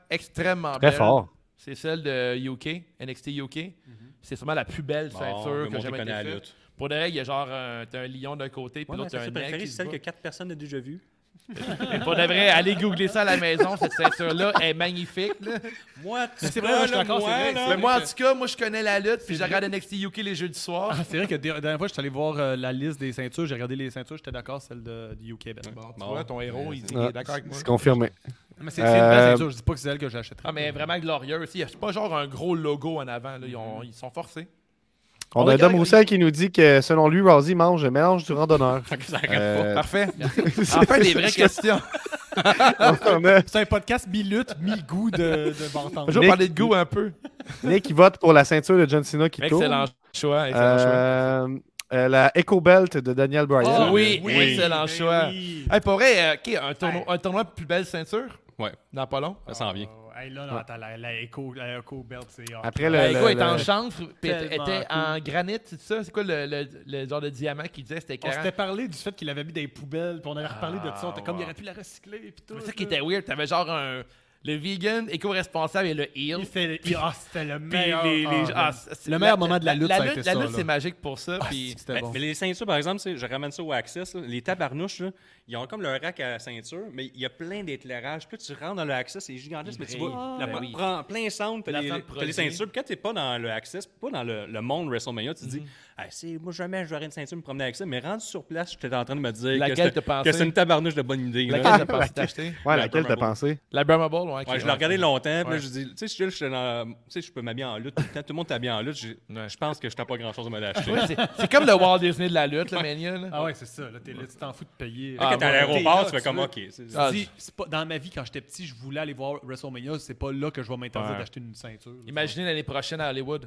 [SPEAKER 3] extrêmement
[SPEAKER 6] Très
[SPEAKER 3] belle.
[SPEAKER 6] fort.
[SPEAKER 3] C'est celle de UK, NXT UK. C'est sûrement la plus belle ceinture que j'ai jamais été
[SPEAKER 5] la
[SPEAKER 3] faite.
[SPEAKER 5] lutte.
[SPEAKER 3] Pour de vrai, il y a genre un, t'as un lion d'un côté, puis
[SPEAKER 5] Mon
[SPEAKER 3] l'autre, t'as un
[SPEAKER 5] ceinture
[SPEAKER 3] nec.
[SPEAKER 5] préférée,
[SPEAKER 3] qui
[SPEAKER 5] c'est
[SPEAKER 3] se
[SPEAKER 5] celle
[SPEAKER 3] bat.
[SPEAKER 5] que quatre personnes n'ont déjà vue.
[SPEAKER 3] Et Pour de vrai, allez googler ça à la maison, cette ceinture-là est magnifique. là.
[SPEAKER 5] Moi, tu
[SPEAKER 4] c'est vrai, moi, je suis
[SPEAKER 5] là,
[SPEAKER 4] d'accord, c'est
[SPEAKER 5] moi,
[SPEAKER 4] vrai,
[SPEAKER 5] là,
[SPEAKER 4] c'est
[SPEAKER 3] Mais
[SPEAKER 5] avec
[SPEAKER 3] moi, en
[SPEAKER 5] le-
[SPEAKER 3] tout cas, moi, je connais la lutte, puis je regarde NXT UK les jeux du soir.
[SPEAKER 4] Ah, c'est vrai que la dernière fois, je suis allé voir euh, la liste des ceintures. J'ai regardé les ceintures, j'étais d'accord, celle de, du UK. Ben.
[SPEAKER 3] Bon, tu
[SPEAKER 5] Bon.
[SPEAKER 3] vois, ton héros, il dit qu'il
[SPEAKER 6] Ah,
[SPEAKER 3] est d'accord avec moi.
[SPEAKER 6] C'est confirmé.
[SPEAKER 4] Ah, Mais c'est c'est une belle
[SPEAKER 6] Euh,
[SPEAKER 4] ceinture, je dis pas que c'est elle que j'achèterais.
[SPEAKER 3] Ah, mais vraiment glorieux aussi. C'est pas genre un gros logo en avant. là. Ils, ont- ils sont forcés.
[SPEAKER 6] On,
[SPEAKER 3] On
[SPEAKER 6] a
[SPEAKER 3] regarde-
[SPEAKER 6] Dom Roussel qui nous dit que selon lui, Rousey mange un mélange du randonneur.
[SPEAKER 5] Ça arrête
[SPEAKER 6] Euh,
[SPEAKER 3] Parfait.
[SPEAKER 6] c'est-
[SPEAKER 3] Enfin, des vraies
[SPEAKER 6] c'est ce
[SPEAKER 3] questions.
[SPEAKER 6] que- on a.
[SPEAKER 4] C'est un podcast mi-lutte, mi-goût de, de bon temps.
[SPEAKER 3] Je vais
[SPEAKER 6] Nick-
[SPEAKER 3] parler de goût un peu.
[SPEAKER 6] Nick qui vote pour la ceinture de John Cena qui tourne.
[SPEAKER 3] Excellent choix. Excellent choix.
[SPEAKER 6] Euh, euh, la Echo Belt de Daniel Bryan.
[SPEAKER 3] Ah oui,
[SPEAKER 5] oui,
[SPEAKER 3] excellent
[SPEAKER 5] ben
[SPEAKER 3] choix.
[SPEAKER 5] oui.
[SPEAKER 3] Hey, pour vrai, euh, OK, un tournoi, un tournoi de plus belle ceinture?
[SPEAKER 5] Ouais.
[SPEAKER 3] Dans pas long?
[SPEAKER 5] Ça s'en vient.
[SPEAKER 4] Oh, hey, là, là, attends, la, la Echo, la Echo Belt, c'est hot.
[SPEAKER 6] Après
[SPEAKER 3] Le,
[SPEAKER 6] le, le-
[SPEAKER 3] gars Ah, est
[SPEAKER 6] le-
[SPEAKER 3] en chanvre, puis était,
[SPEAKER 4] Tellement
[SPEAKER 3] était
[SPEAKER 4] cool.
[SPEAKER 3] en granit, c'est ça? C'est quoi le, le- le genre de diamant qu'il disait? C'était
[SPEAKER 4] On
[SPEAKER 3] 40?
[SPEAKER 4] s'était parlé du fait qu'il avait mis des poubelles, puis on avait reparlé de ça. On était comme, il aurait pu la recycler, puis tout.
[SPEAKER 3] Ah, C'est ça qui était weird. T'avais genre un... Le vegan, éco-responsable et le heel.
[SPEAKER 4] Il fait- il- ah, c'était le
[SPEAKER 3] Puis
[SPEAKER 4] meilleur.
[SPEAKER 3] les- les- ah,
[SPEAKER 4] ah,
[SPEAKER 3] c'est- c'est-
[SPEAKER 4] le meilleur moment de la lutte,
[SPEAKER 3] la
[SPEAKER 4] ça a
[SPEAKER 3] lutte, la
[SPEAKER 4] été ça,
[SPEAKER 3] lutte,
[SPEAKER 4] là. Ah,
[SPEAKER 3] c'est magique pour ça. puis- Ben,
[SPEAKER 4] c'est- c'était
[SPEAKER 5] Ben, Mais,
[SPEAKER 4] bon.
[SPEAKER 5] mais les ceintures, par exemple, c'est- je ramène ça au Access. là, les tabarnouches, là, ils ont comme leur rack à la ceinture, mais il y a plein d'éclairages. Puis là, tu rentres dans le Access, c'est gigantesque, mais tu vois, la
[SPEAKER 3] ben
[SPEAKER 5] pre-
[SPEAKER 3] oui.
[SPEAKER 5] prends plein centre, t'as
[SPEAKER 3] La
[SPEAKER 5] les,
[SPEAKER 3] centre
[SPEAKER 5] t'as les
[SPEAKER 3] produit.
[SPEAKER 5] ceintures. Puis quand t'es pas dans le Access, pas dans le, le monde WrestleMania, tu te dis, Ah, c'est- moi, jamais j'aurais une ceinture me promener avec ça. Mais rendu sur place, j'étais en train de me dire que
[SPEAKER 3] Laquelle
[SPEAKER 5] c'était-
[SPEAKER 3] t'as
[SPEAKER 5] que
[SPEAKER 3] pensé?
[SPEAKER 5] c'est une tabarnouche de bonne idée. là.
[SPEAKER 3] Laquelle t'as pensé t'acheter?
[SPEAKER 6] Ouais, laquelle
[SPEAKER 5] la
[SPEAKER 6] t'as
[SPEAKER 5] Bumble.
[SPEAKER 6] pensé?
[SPEAKER 3] La Brahma Ball, ouais.
[SPEAKER 5] Ouais,
[SPEAKER 3] ok,
[SPEAKER 5] je l'ai regardé longtemps, puis là,
[SPEAKER 3] Ouais.
[SPEAKER 5] je dis, tu sais, je- je suis dans- tu sais, je peux m'habiller en lutte tout le temps, tout le monde t'habille en lutte, j'ai-
[SPEAKER 3] Ouais.
[SPEAKER 5] je pense que je n'ai pas grand-chose à me l'acheter.
[SPEAKER 3] Ouais, c'est- C'est comme le Walt Disney de la lutte, le Mania. là.
[SPEAKER 4] Ah ouais, c'est ça. Là, t'es- là, tu t'en fous de payer.
[SPEAKER 5] Quand
[SPEAKER 3] Ah,
[SPEAKER 5] t'es à
[SPEAKER 3] ouais,
[SPEAKER 5] l'aéroport,
[SPEAKER 4] t'es
[SPEAKER 5] tu
[SPEAKER 4] là,
[SPEAKER 5] fais comme,
[SPEAKER 4] veux-
[SPEAKER 5] OK, c'est-
[SPEAKER 3] Ah,
[SPEAKER 4] Tu dis, c'est pas- dans ma vie, quand j'étais petit, je voulais aller voir WrestleMania. C'est pas là que je vais m'interdire
[SPEAKER 5] Ouais.
[SPEAKER 4] d'acheter une ceinture. là.
[SPEAKER 3] Imaginez l'année prochaine à Hollywood.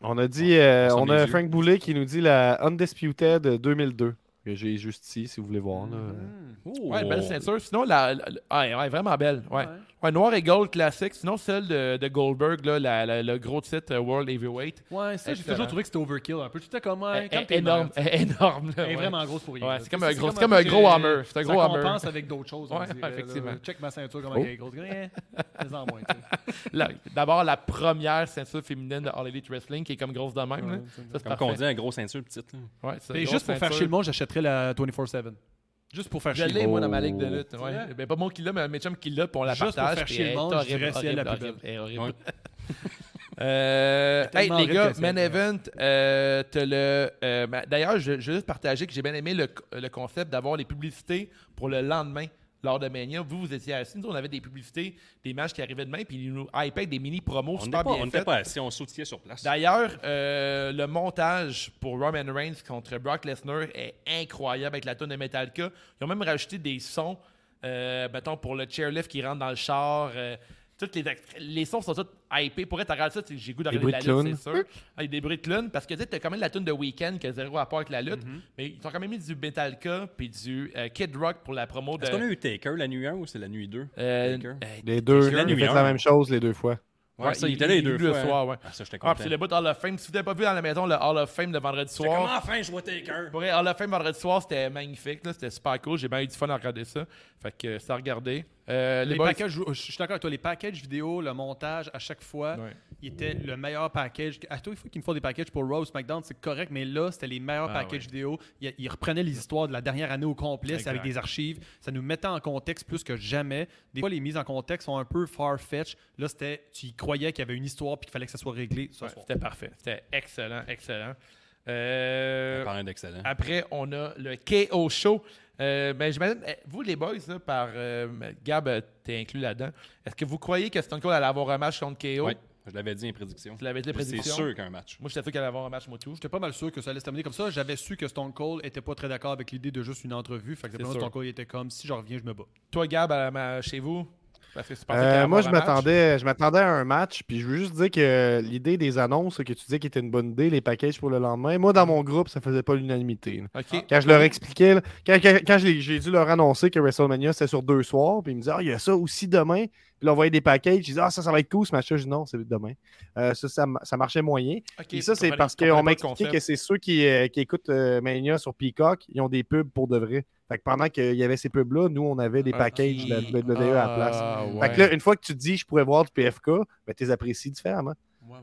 [SPEAKER 6] On a dit, euh,
[SPEAKER 5] On
[SPEAKER 6] on,
[SPEAKER 5] sent mes
[SPEAKER 6] a
[SPEAKER 5] yeux.
[SPEAKER 6] Frank Boulet qui nous dit la Undisputed 2002 que j'ai juste ici si vous voulez voir. là.
[SPEAKER 3] Mm. Ouais,
[SPEAKER 4] Oh.
[SPEAKER 3] belle ceinture. Sinon, la, la- la- ouais, ouais, vraiment belle. Ouais. Ouais, noir et gold classique. Sinon, celle de, de Goldberg, là, la- la- le gros titre euh, World Heavyweight.
[SPEAKER 4] Ouais, ça, j'ai
[SPEAKER 3] Excellent.
[SPEAKER 4] toujours trouvé que c'était overkill. Un peu tout à comme. hein,
[SPEAKER 3] Elle-
[SPEAKER 4] quand
[SPEAKER 3] elle-
[SPEAKER 4] t'es
[SPEAKER 3] énorme,
[SPEAKER 4] malade,
[SPEAKER 3] elle- énorme. là,
[SPEAKER 4] Elle est
[SPEAKER 3] ouais.
[SPEAKER 4] vraiment grosse pour rien.
[SPEAKER 3] Ouais,
[SPEAKER 4] là.
[SPEAKER 3] c'est comme
[SPEAKER 4] Tu sais,
[SPEAKER 3] un gros- c'est comme un
[SPEAKER 4] peu
[SPEAKER 3] gros
[SPEAKER 4] que-
[SPEAKER 3] hammer. C'est un gros
[SPEAKER 4] ça
[SPEAKER 3] hammer.
[SPEAKER 4] compense avec d'autres choses. on
[SPEAKER 3] Ouais,
[SPEAKER 4] dirait, là.
[SPEAKER 3] effectivement.
[SPEAKER 4] Check ma ceinture, comment
[SPEAKER 6] Oh.
[SPEAKER 4] elle est grosse. Eh, fais-en moins, tu sais.
[SPEAKER 3] La- D'abord, la première ceinture féminine de All Elite Wrestling qui est comme grosse de même. là. Ça, c'est
[SPEAKER 5] Comme
[SPEAKER 3] parfait.
[SPEAKER 5] qu'on dit, un gros ceinture petite. là.
[SPEAKER 3] Ouais, c'est une
[SPEAKER 4] Mais
[SPEAKER 3] grosse
[SPEAKER 4] juste pour faire
[SPEAKER 3] ceinture.
[SPEAKER 4] chier le monde, j'achèterais la 24-7. Juste pour faire
[SPEAKER 3] Je
[SPEAKER 4] chier le
[SPEAKER 3] l'ai,
[SPEAKER 4] monde.
[SPEAKER 3] moi, dans ma ligue de lutte. ouais.
[SPEAKER 4] vrai?
[SPEAKER 3] Ben, pas moi qui l'ai, mais mes chums qui l'a, puis on la
[SPEAKER 4] Juste pour
[SPEAKER 3] partage.
[SPEAKER 4] faire
[SPEAKER 3] puis
[SPEAKER 4] chier le
[SPEAKER 3] elle est
[SPEAKER 4] monde, je
[SPEAKER 3] horrible,
[SPEAKER 4] dirais si elle est la
[SPEAKER 3] horrible,
[SPEAKER 4] plus
[SPEAKER 3] horrible, horrible.
[SPEAKER 5] Ouais.
[SPEAKER 3] Euh,
[SPEAKER 4] C'est
[SPEAKER 3] hey,
[SPEAKER 4] tellement
[SPEAKER 3] les
[SPEAKER 4] horrible
[SPEAKER 3] gars,
[SPEAKER 4] que c'est
[SPEAKER 3] Main
[SPEAKER 4] vrai.
[SPEAKER 3] Event, euh, t'as le. euh, ma- D'ailleurs, je, je veux juste partager que j'ai bien aimé le, le concept d'avoir les publicités pour le lendemain lors de Mania. Vous, vous étiez assis, nous, on avait des publicités, des matchs qui arrivaient demain, puis ils nous hypaient avec des mini-promos
[SPEAKER 5] On
[SPEAKER 3] super
[SPEAKER 5] n'était pas, on
[SPEAKER 3] bien
[SPEAKER 5] était
[SPEAKER 3] faites.
[SPEAKER 5] pas assis, on sautillait sur place.
[SPEAKER 3] D'ailleurs, euh, le montage pour Roman Reigns contre Brock Lesnar est incroyable avec la tonne de Metallica. Ils ont même rajouté des sons, euh, mettons, pour le chairlift qui rentre dans le char. euh, toutes les, act- les sons sont tous hypés. Pour être à regarder ça, tu- j'ai goût de
[SPEAKER 6] Des
[SPEAKER 3] regarder
[SPEAKER 6] bruits
[SPEAKER 3] la
[SPEAKER 6] de
[SPEAKER 3] lutte, c'est sûr. Avec des bruits de clown. Parce que tu as quand même la tune de Weekend qui a zéro rapport avec la lutte.
[SPEAKER 5] Mhm.
[SPEAKER 3] Mais ils ont quand même mis du Metallica puis du euh, Kid Rock pour la promo de.
[SPEAKER 5] Est-ce qu'on a eu Taker la nuit 1 ou c'est la nuit 2?
[SPEAKER 3] euh,
[SPEAKER 5] Taker?
[SPEAKER 3] euh,
[SPEAKER 6] Les deux,
[SPEAKER 5] Ben, la
[SPEAKER 6] ils
[SPEAKER 5] nuit,
[SPEAKER 6] faites
[SPEAKER 5] hein.
[SPEAKER 6] la même chose les deux fois.
[SPEAKER 5] Ouais, ça, il
[SPEAKER 3] il-
[SPEAKER 5] était là les
[SPEAKER 3] il-
[SPEAKER 5] deux
[SPEAKER 3] le
[SPEAKER 5] fois.
[SPEAKER 3] soir, ouais.
[SPEAKER 5] Ah, ça, j'étais
[SPEAKER 3] ah,
[SPEAKER 5] content.
[SPEAKER 3] puis c'est le bout de Hall of Fame. Si vous n'avez pas vu dans la maison le Hall of Fame le vendredi
[SPEAKER 5] J'étais comme,
[SPEAKER 3] soir.
[SPEAKER 5] enfin, je vois Taker?
[SPEAKER 3] Pour vrai, Hall of Fame vendredi soir, c'était magnifique. là. C'était super cool. J'ai bien eu du fun à regarder ça. Fait que euh, c'est à regarder. Euh, les
[SPEAKER 4] Les
[SPEAKER 3] boys-
[SPEAKER 4] packages, je je suis d'accord avec toi, les packages vidéo, le montage, à chaque fois,
[SPEAKER 3] Ouais.
[SPEAKER 4] il était le meilleur package. À chaque fois qu'ils me font des packages pour Rose SmackDown, c'est correct, mais là, c'était les meilleurs
[SPEAKER 3] Ah,
[SPEAKER 4] packages
[SPEAKER 3] ouais.
[SPEAKER 4] vidéo. Ils, ils reprenaient les histoires de la dernière année au complet, c'est avec
[SPEAKER 3] Exact.
[SPEAKER 4] des archives. Ça nous mettait en contexte plus que jamais. Des fois, les mises en contexte sont un peu far-fetched. Là, c'était, tu y croyais qu'il y avait une histoire puis qu'il fallait que ça soit réglé ce
[SPEAKER 3] Ouais,
[SPEAKER 4] soir.
[SPEAKER 3] c'était parfait. C'était excellent, excellent. Euh,
[SPEAKER 5] Parlant d'excellent.
[SPEAKER 3] après, on a le KO Show. Euh, ben, j'imagine, eh, vous les boys, là, par euh, Gab, euh, t'es inclus là-dedans. Est-ce que vous croyez que Stone Cold allait avoir un match contre KO?
[SPEAKER 5] Ouais, je l'avais dit en prédiction.
[SPEAKER 3] Tu l'avais dit, les
[SPEAKER 5] C'est
[SPEAKER 3] prédictions?
[SPEAKER 5] sûr qu'un match.
[SPEAKER 3] Moi, j'étais sûr qu'il allait avoir un match, moi tout.
[SPEAKER 4] J'étais pas mal sûr que ça allait se terminer comme ça. J'avais su que Stone Cold était pas très d'accord avec l'idée de juste une entrevue. Fait que
[SPEAKER 3] C'est
[SPEAKER 4] simplement,
[SPEAKER 3] sûr.
[SPEAKER 4] Stone Cold il était comme si je reviens, je me bats.
[SPEAKER 3] Toi, Gab, à euh, ma- chez vous, Parce que c'est
[SPEAKER 6] Euh, moi, je m'attendais, je m'attendais à un match, puis je veux juste dire que l'idée des annonces que tu disais qui était une bonne idée, les packages pour le lendemain, moi, dans mon groupe, ça faisait pas l'unanimité. là.
[SPEAKER 3] OK.
[SPEAKER 6] Quand je leur expliquais, là, quand, quand- quand je l'ai- j'ai dû leur annoncer que WrestleMania, c'était sur deux soirs, puis ils me disaient, ah, il y a ça aussi demain. Puis là, on voyait des packages, ils disaient, ah, ça, ça va être cool ce match-là. Je dis, non, c'est demain. Euh, ça, ça, ça marchait moyen.
[SPEAKER 3] OK,
[SPEAKER 6] Et ça,
[SPEAKER 3] je
[SPEAKER 6] c'est
[SPEAKER 3] comprenais-
[SPEAKER 6] parce
[SPEAKER 3] je comprenais
[SPEAKER 6] qu'on
[SPEAKER 3] pas
[SPEAKER 6] m'a
[SPEAKER 3] le
[SPEAKER 6] expliqué
[SPEAKER 3] concept.
[SPEAKER 6] que c'est ceux qui, euh, qui écoutent euh, Mania sur Peacock, ils ont des pubs pour de vrai. Fait que pendant qu'il y avait ces pubs-là, nous, on avait des
[SPEAKER 3] Ok.
[SPEAKER 6] packages de la WWE à la place.
[SPEAKER 3] Euh, Ah, ouais.
[SPEAKER 6] Fait que là, une fois que tu te dis je pourrais voir du PFK, ben, tu les apprécies différemment.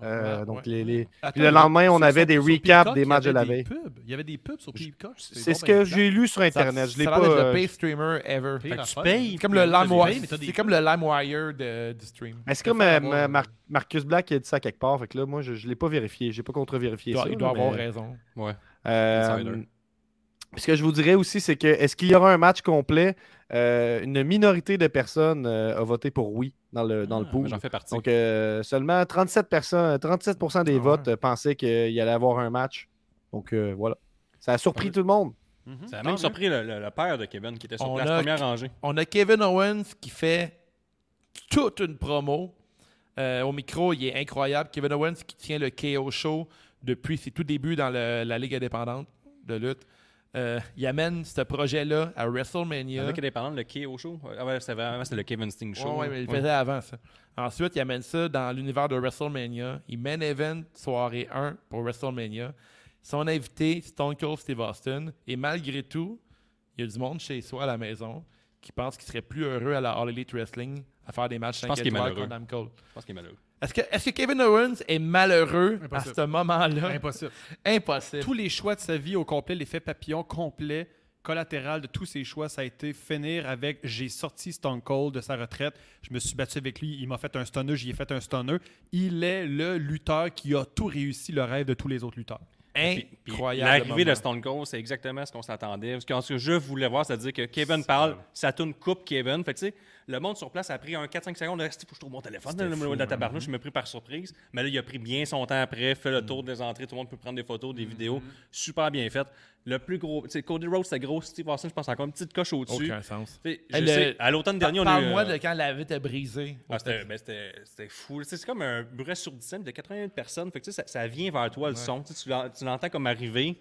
[SPEAKER 6] Euh,
[SPEAKER 3] ouais,
[SPEAKER 6] donc,
[SPEAKER 3] ouais. Euh,
[SPEAKER 6] les, les-
[SPEAKER 4] Attends,
[SPEAKER 6] Puis le lendemain, on
[SPEAKER 4] sur-
[SPEAKER 6] avait
[SPEAKER 4] sur-
[SPEAKER 6] des
[SPEAKER 4] sur
[SPEAKER 6] recaps
[SPEAKER 4] Peacock,
[SPEAKER 6] des
[SPEAKER 4] il y
[SPEAKER 6] matchs de
[SPEAKER 4] avait
[SPEAKER 6] la
[SPEAKER 4] des
[SPEAKER 6] veille.
[SPEAKER 4] pubs. Il y avait des pubs sur Peacock.
[SPEAKER 6] C'est
[SPEAKER 4] bon,
[SPEAKER 6] ce
[SPEAKER 4] ben,
[SPEAKER 6] que
[SPEAKER 4] blanc.
[SPEAKER 6] j'ai lu sur
[SPEAKER 3] Ça-
[SPEAKER 6] Internet. Je l'ai
[SPEAKER 3] ça
[SPEAKER 6] pas.
[SPEAKER 3] a l'air d'être
[SPEAKER 6] euh,
[SPEAKER 3] le pay streamer ever.
[SPEAKER 5] Fait que tu
[SPEAKER 4] Ouais.
[SPEAKER 5] payes.
[SPEAKER 3] C'est comme le LimeWire.
[SPEAKER 4] mais t'as des-
[SPEAKER 3] C'est comme le LimeWire de- du stream.
[SPEAKER 6] mais c'est comme euh, ma- Mar- Marcus Black qui a dit ça quelque part. Fait que là, moi, je ne l'ai pas vérifié. J'ai pas contre-vérifié
[SPEAKER 3] Il
[SPEAKER 6] ça.
[SPEAKER 3] doit, il doit
[SPEAKER 6] là,
[SPEAKER 3] avoir
[SPEAKER 6] mais-
[SPEAKER 3] raison.
[SPEAKER 5] Ouais.
[SPEAKER 6] Euh,
[SPEAKER 5] Insider.
[SPEAKER 6] puis ce que je vous dirais aussi, c'est que est-ce qu'il y aura un match complet Euh, Une minorité de personnes euh, a voté pour oui dans le, dans
[SPEAKER 5] Ah,
[SPEAKER 6] le
[SPEAKER 5] mais
[SPEAKER 6] pool.
[SPEAKER 5] J'en fais partie.
[SPEAKER 6] Donc euh, seulement 37, personnes, 37 des
[SPEAKER 3] Ah ouais.
[SPEAKER 6] votes euh, pensaient qu'il y allait avoir un match. Donc euh, voilà. Ça a surpris tout le monde.
[SPEAKER 5] Mhm. ça a
[SPEAKER 3] Tant
[SPEAKER 5] même
[SPEAKER 3] mieux.
[SPEAKER 5] surpris le, le- le père de Kevin qui était sur
[SPEAKER 3] hein? On
[SPEAKER 5] place,
[SPEAKER 3] a-
[SPEAKER 5] première rangée.
[SPEAKER 3] On a Kevin Owens qui fait toute une promo. Euh, au micro, il est incroyable. Kevin Owens qui tient le KO Show depuis ses tout débuts dans le- la Ligue indépendante de lutte. Euh, il amène ce projet-là à WrestleMania.
[SPEAKER 5] Avec indépendant, le KO Show. Ah ouais, c'était vraiment- c'était le Kevin Sting Show.
[SPEAKER 3] hein? Ouais, ouais, mais il le
[SPEAKER 5] Ouais.
[SPEAKER 3] faisait avant ça. Ensuite, il amène ça dans l'univers de WrestleMania. Il mène event soirée 1 pour WrestleMania. Son invité, Stone Cold Steve Austin. Et malgré tout, il y a du monde chez soi à la maison qui pense qu'il serait plus heureux à la All Elite Wrestling à faire des matchs
[SPEAKER 5] Je
[SPEAKER 3] 5
[SPEAKER 5] pense qu'il est
[SPEAKER 3] étoiles
[SPEAKER 5] malheureux.
[SPEAKER 3] contre Adam Cole.
[SPEAKER 5] Je pense qu'il est malheureux.
[SPEAKER 3] Est-ce que, est-ce que Kevin Owens est malheureux
[SPEAKER 4] Impossible.
[SPEAKER 3] à ce moment-là?
[SPEAKER 4] Impossible.
[SPEAKER 3] Impossible.
[SPEAKER 4] Tous les choix de sa vie au complet, l'effet papillon complet, collatéral de tous ses choix, ça a été finir avec j'ai sorti Stone Cold de sa retraite, je me suis battu avec lui, il m'a fait un stunner, j'y ai fait un stunner. Il est le lutteur qui a tout réussi le rêve de tous les autres lutteurs.
[SPEAKER 5] Puis- puis
[SPEAKER 3] Incroyable.
[SPEAKER 5] L'arrivée de
[SPEAKER 3] moment.
[SPEAKER 5] Stone Cold, c'est exactement ce qu'on s'attendait. Parce que ce que je voulais voir, c'est-à-dire que Kevin parle, ça tourne coupe Kevin. Fait que, tu sais, le monde sur place a pris un 4-5 secondes. Reste, faut que je trouve mon téléphone. Là, le-
[SPEAKER 3] hein.
[SPEAKER 5] la tabarnouche, je me pris par surprise. Mais là, il a pris bien son temps après, fait le tour des entrées. Tout le monde peut prendre des photos,
[SPEAKER 3] Mhm.
[SPEAKER 5] des vidéos. Super bien fait. Le plus gros, tu sais, Cody Rhodes, c'était gros. Steve Austin, je pense encore une petite coche au-dessus.
[SPEAKER 3] Aucun sens.
[SPEAKER 5] Tu sais, je
[SPEAKER 3] Elle,
[SPEAKER 5] sais,
[SPEAKER 3] euh,
[SPEAKER 5] à l'automne dernier, on a eu.
[SPEAKER 3] Parle-moi de
[SPEAKER 5] euh,
[SPEAKER 3] quand la vie était brisée.
[SPEAKER 5] ah, c'était, ben, c'était- c'était fou. Tu sais, C'est comme un bruit sourdissant de 81 personnes. Fait que, tu sais, ça, ça vient vers toi, le son. Tu, sais, tu l'en- tu l'entends comme arriver.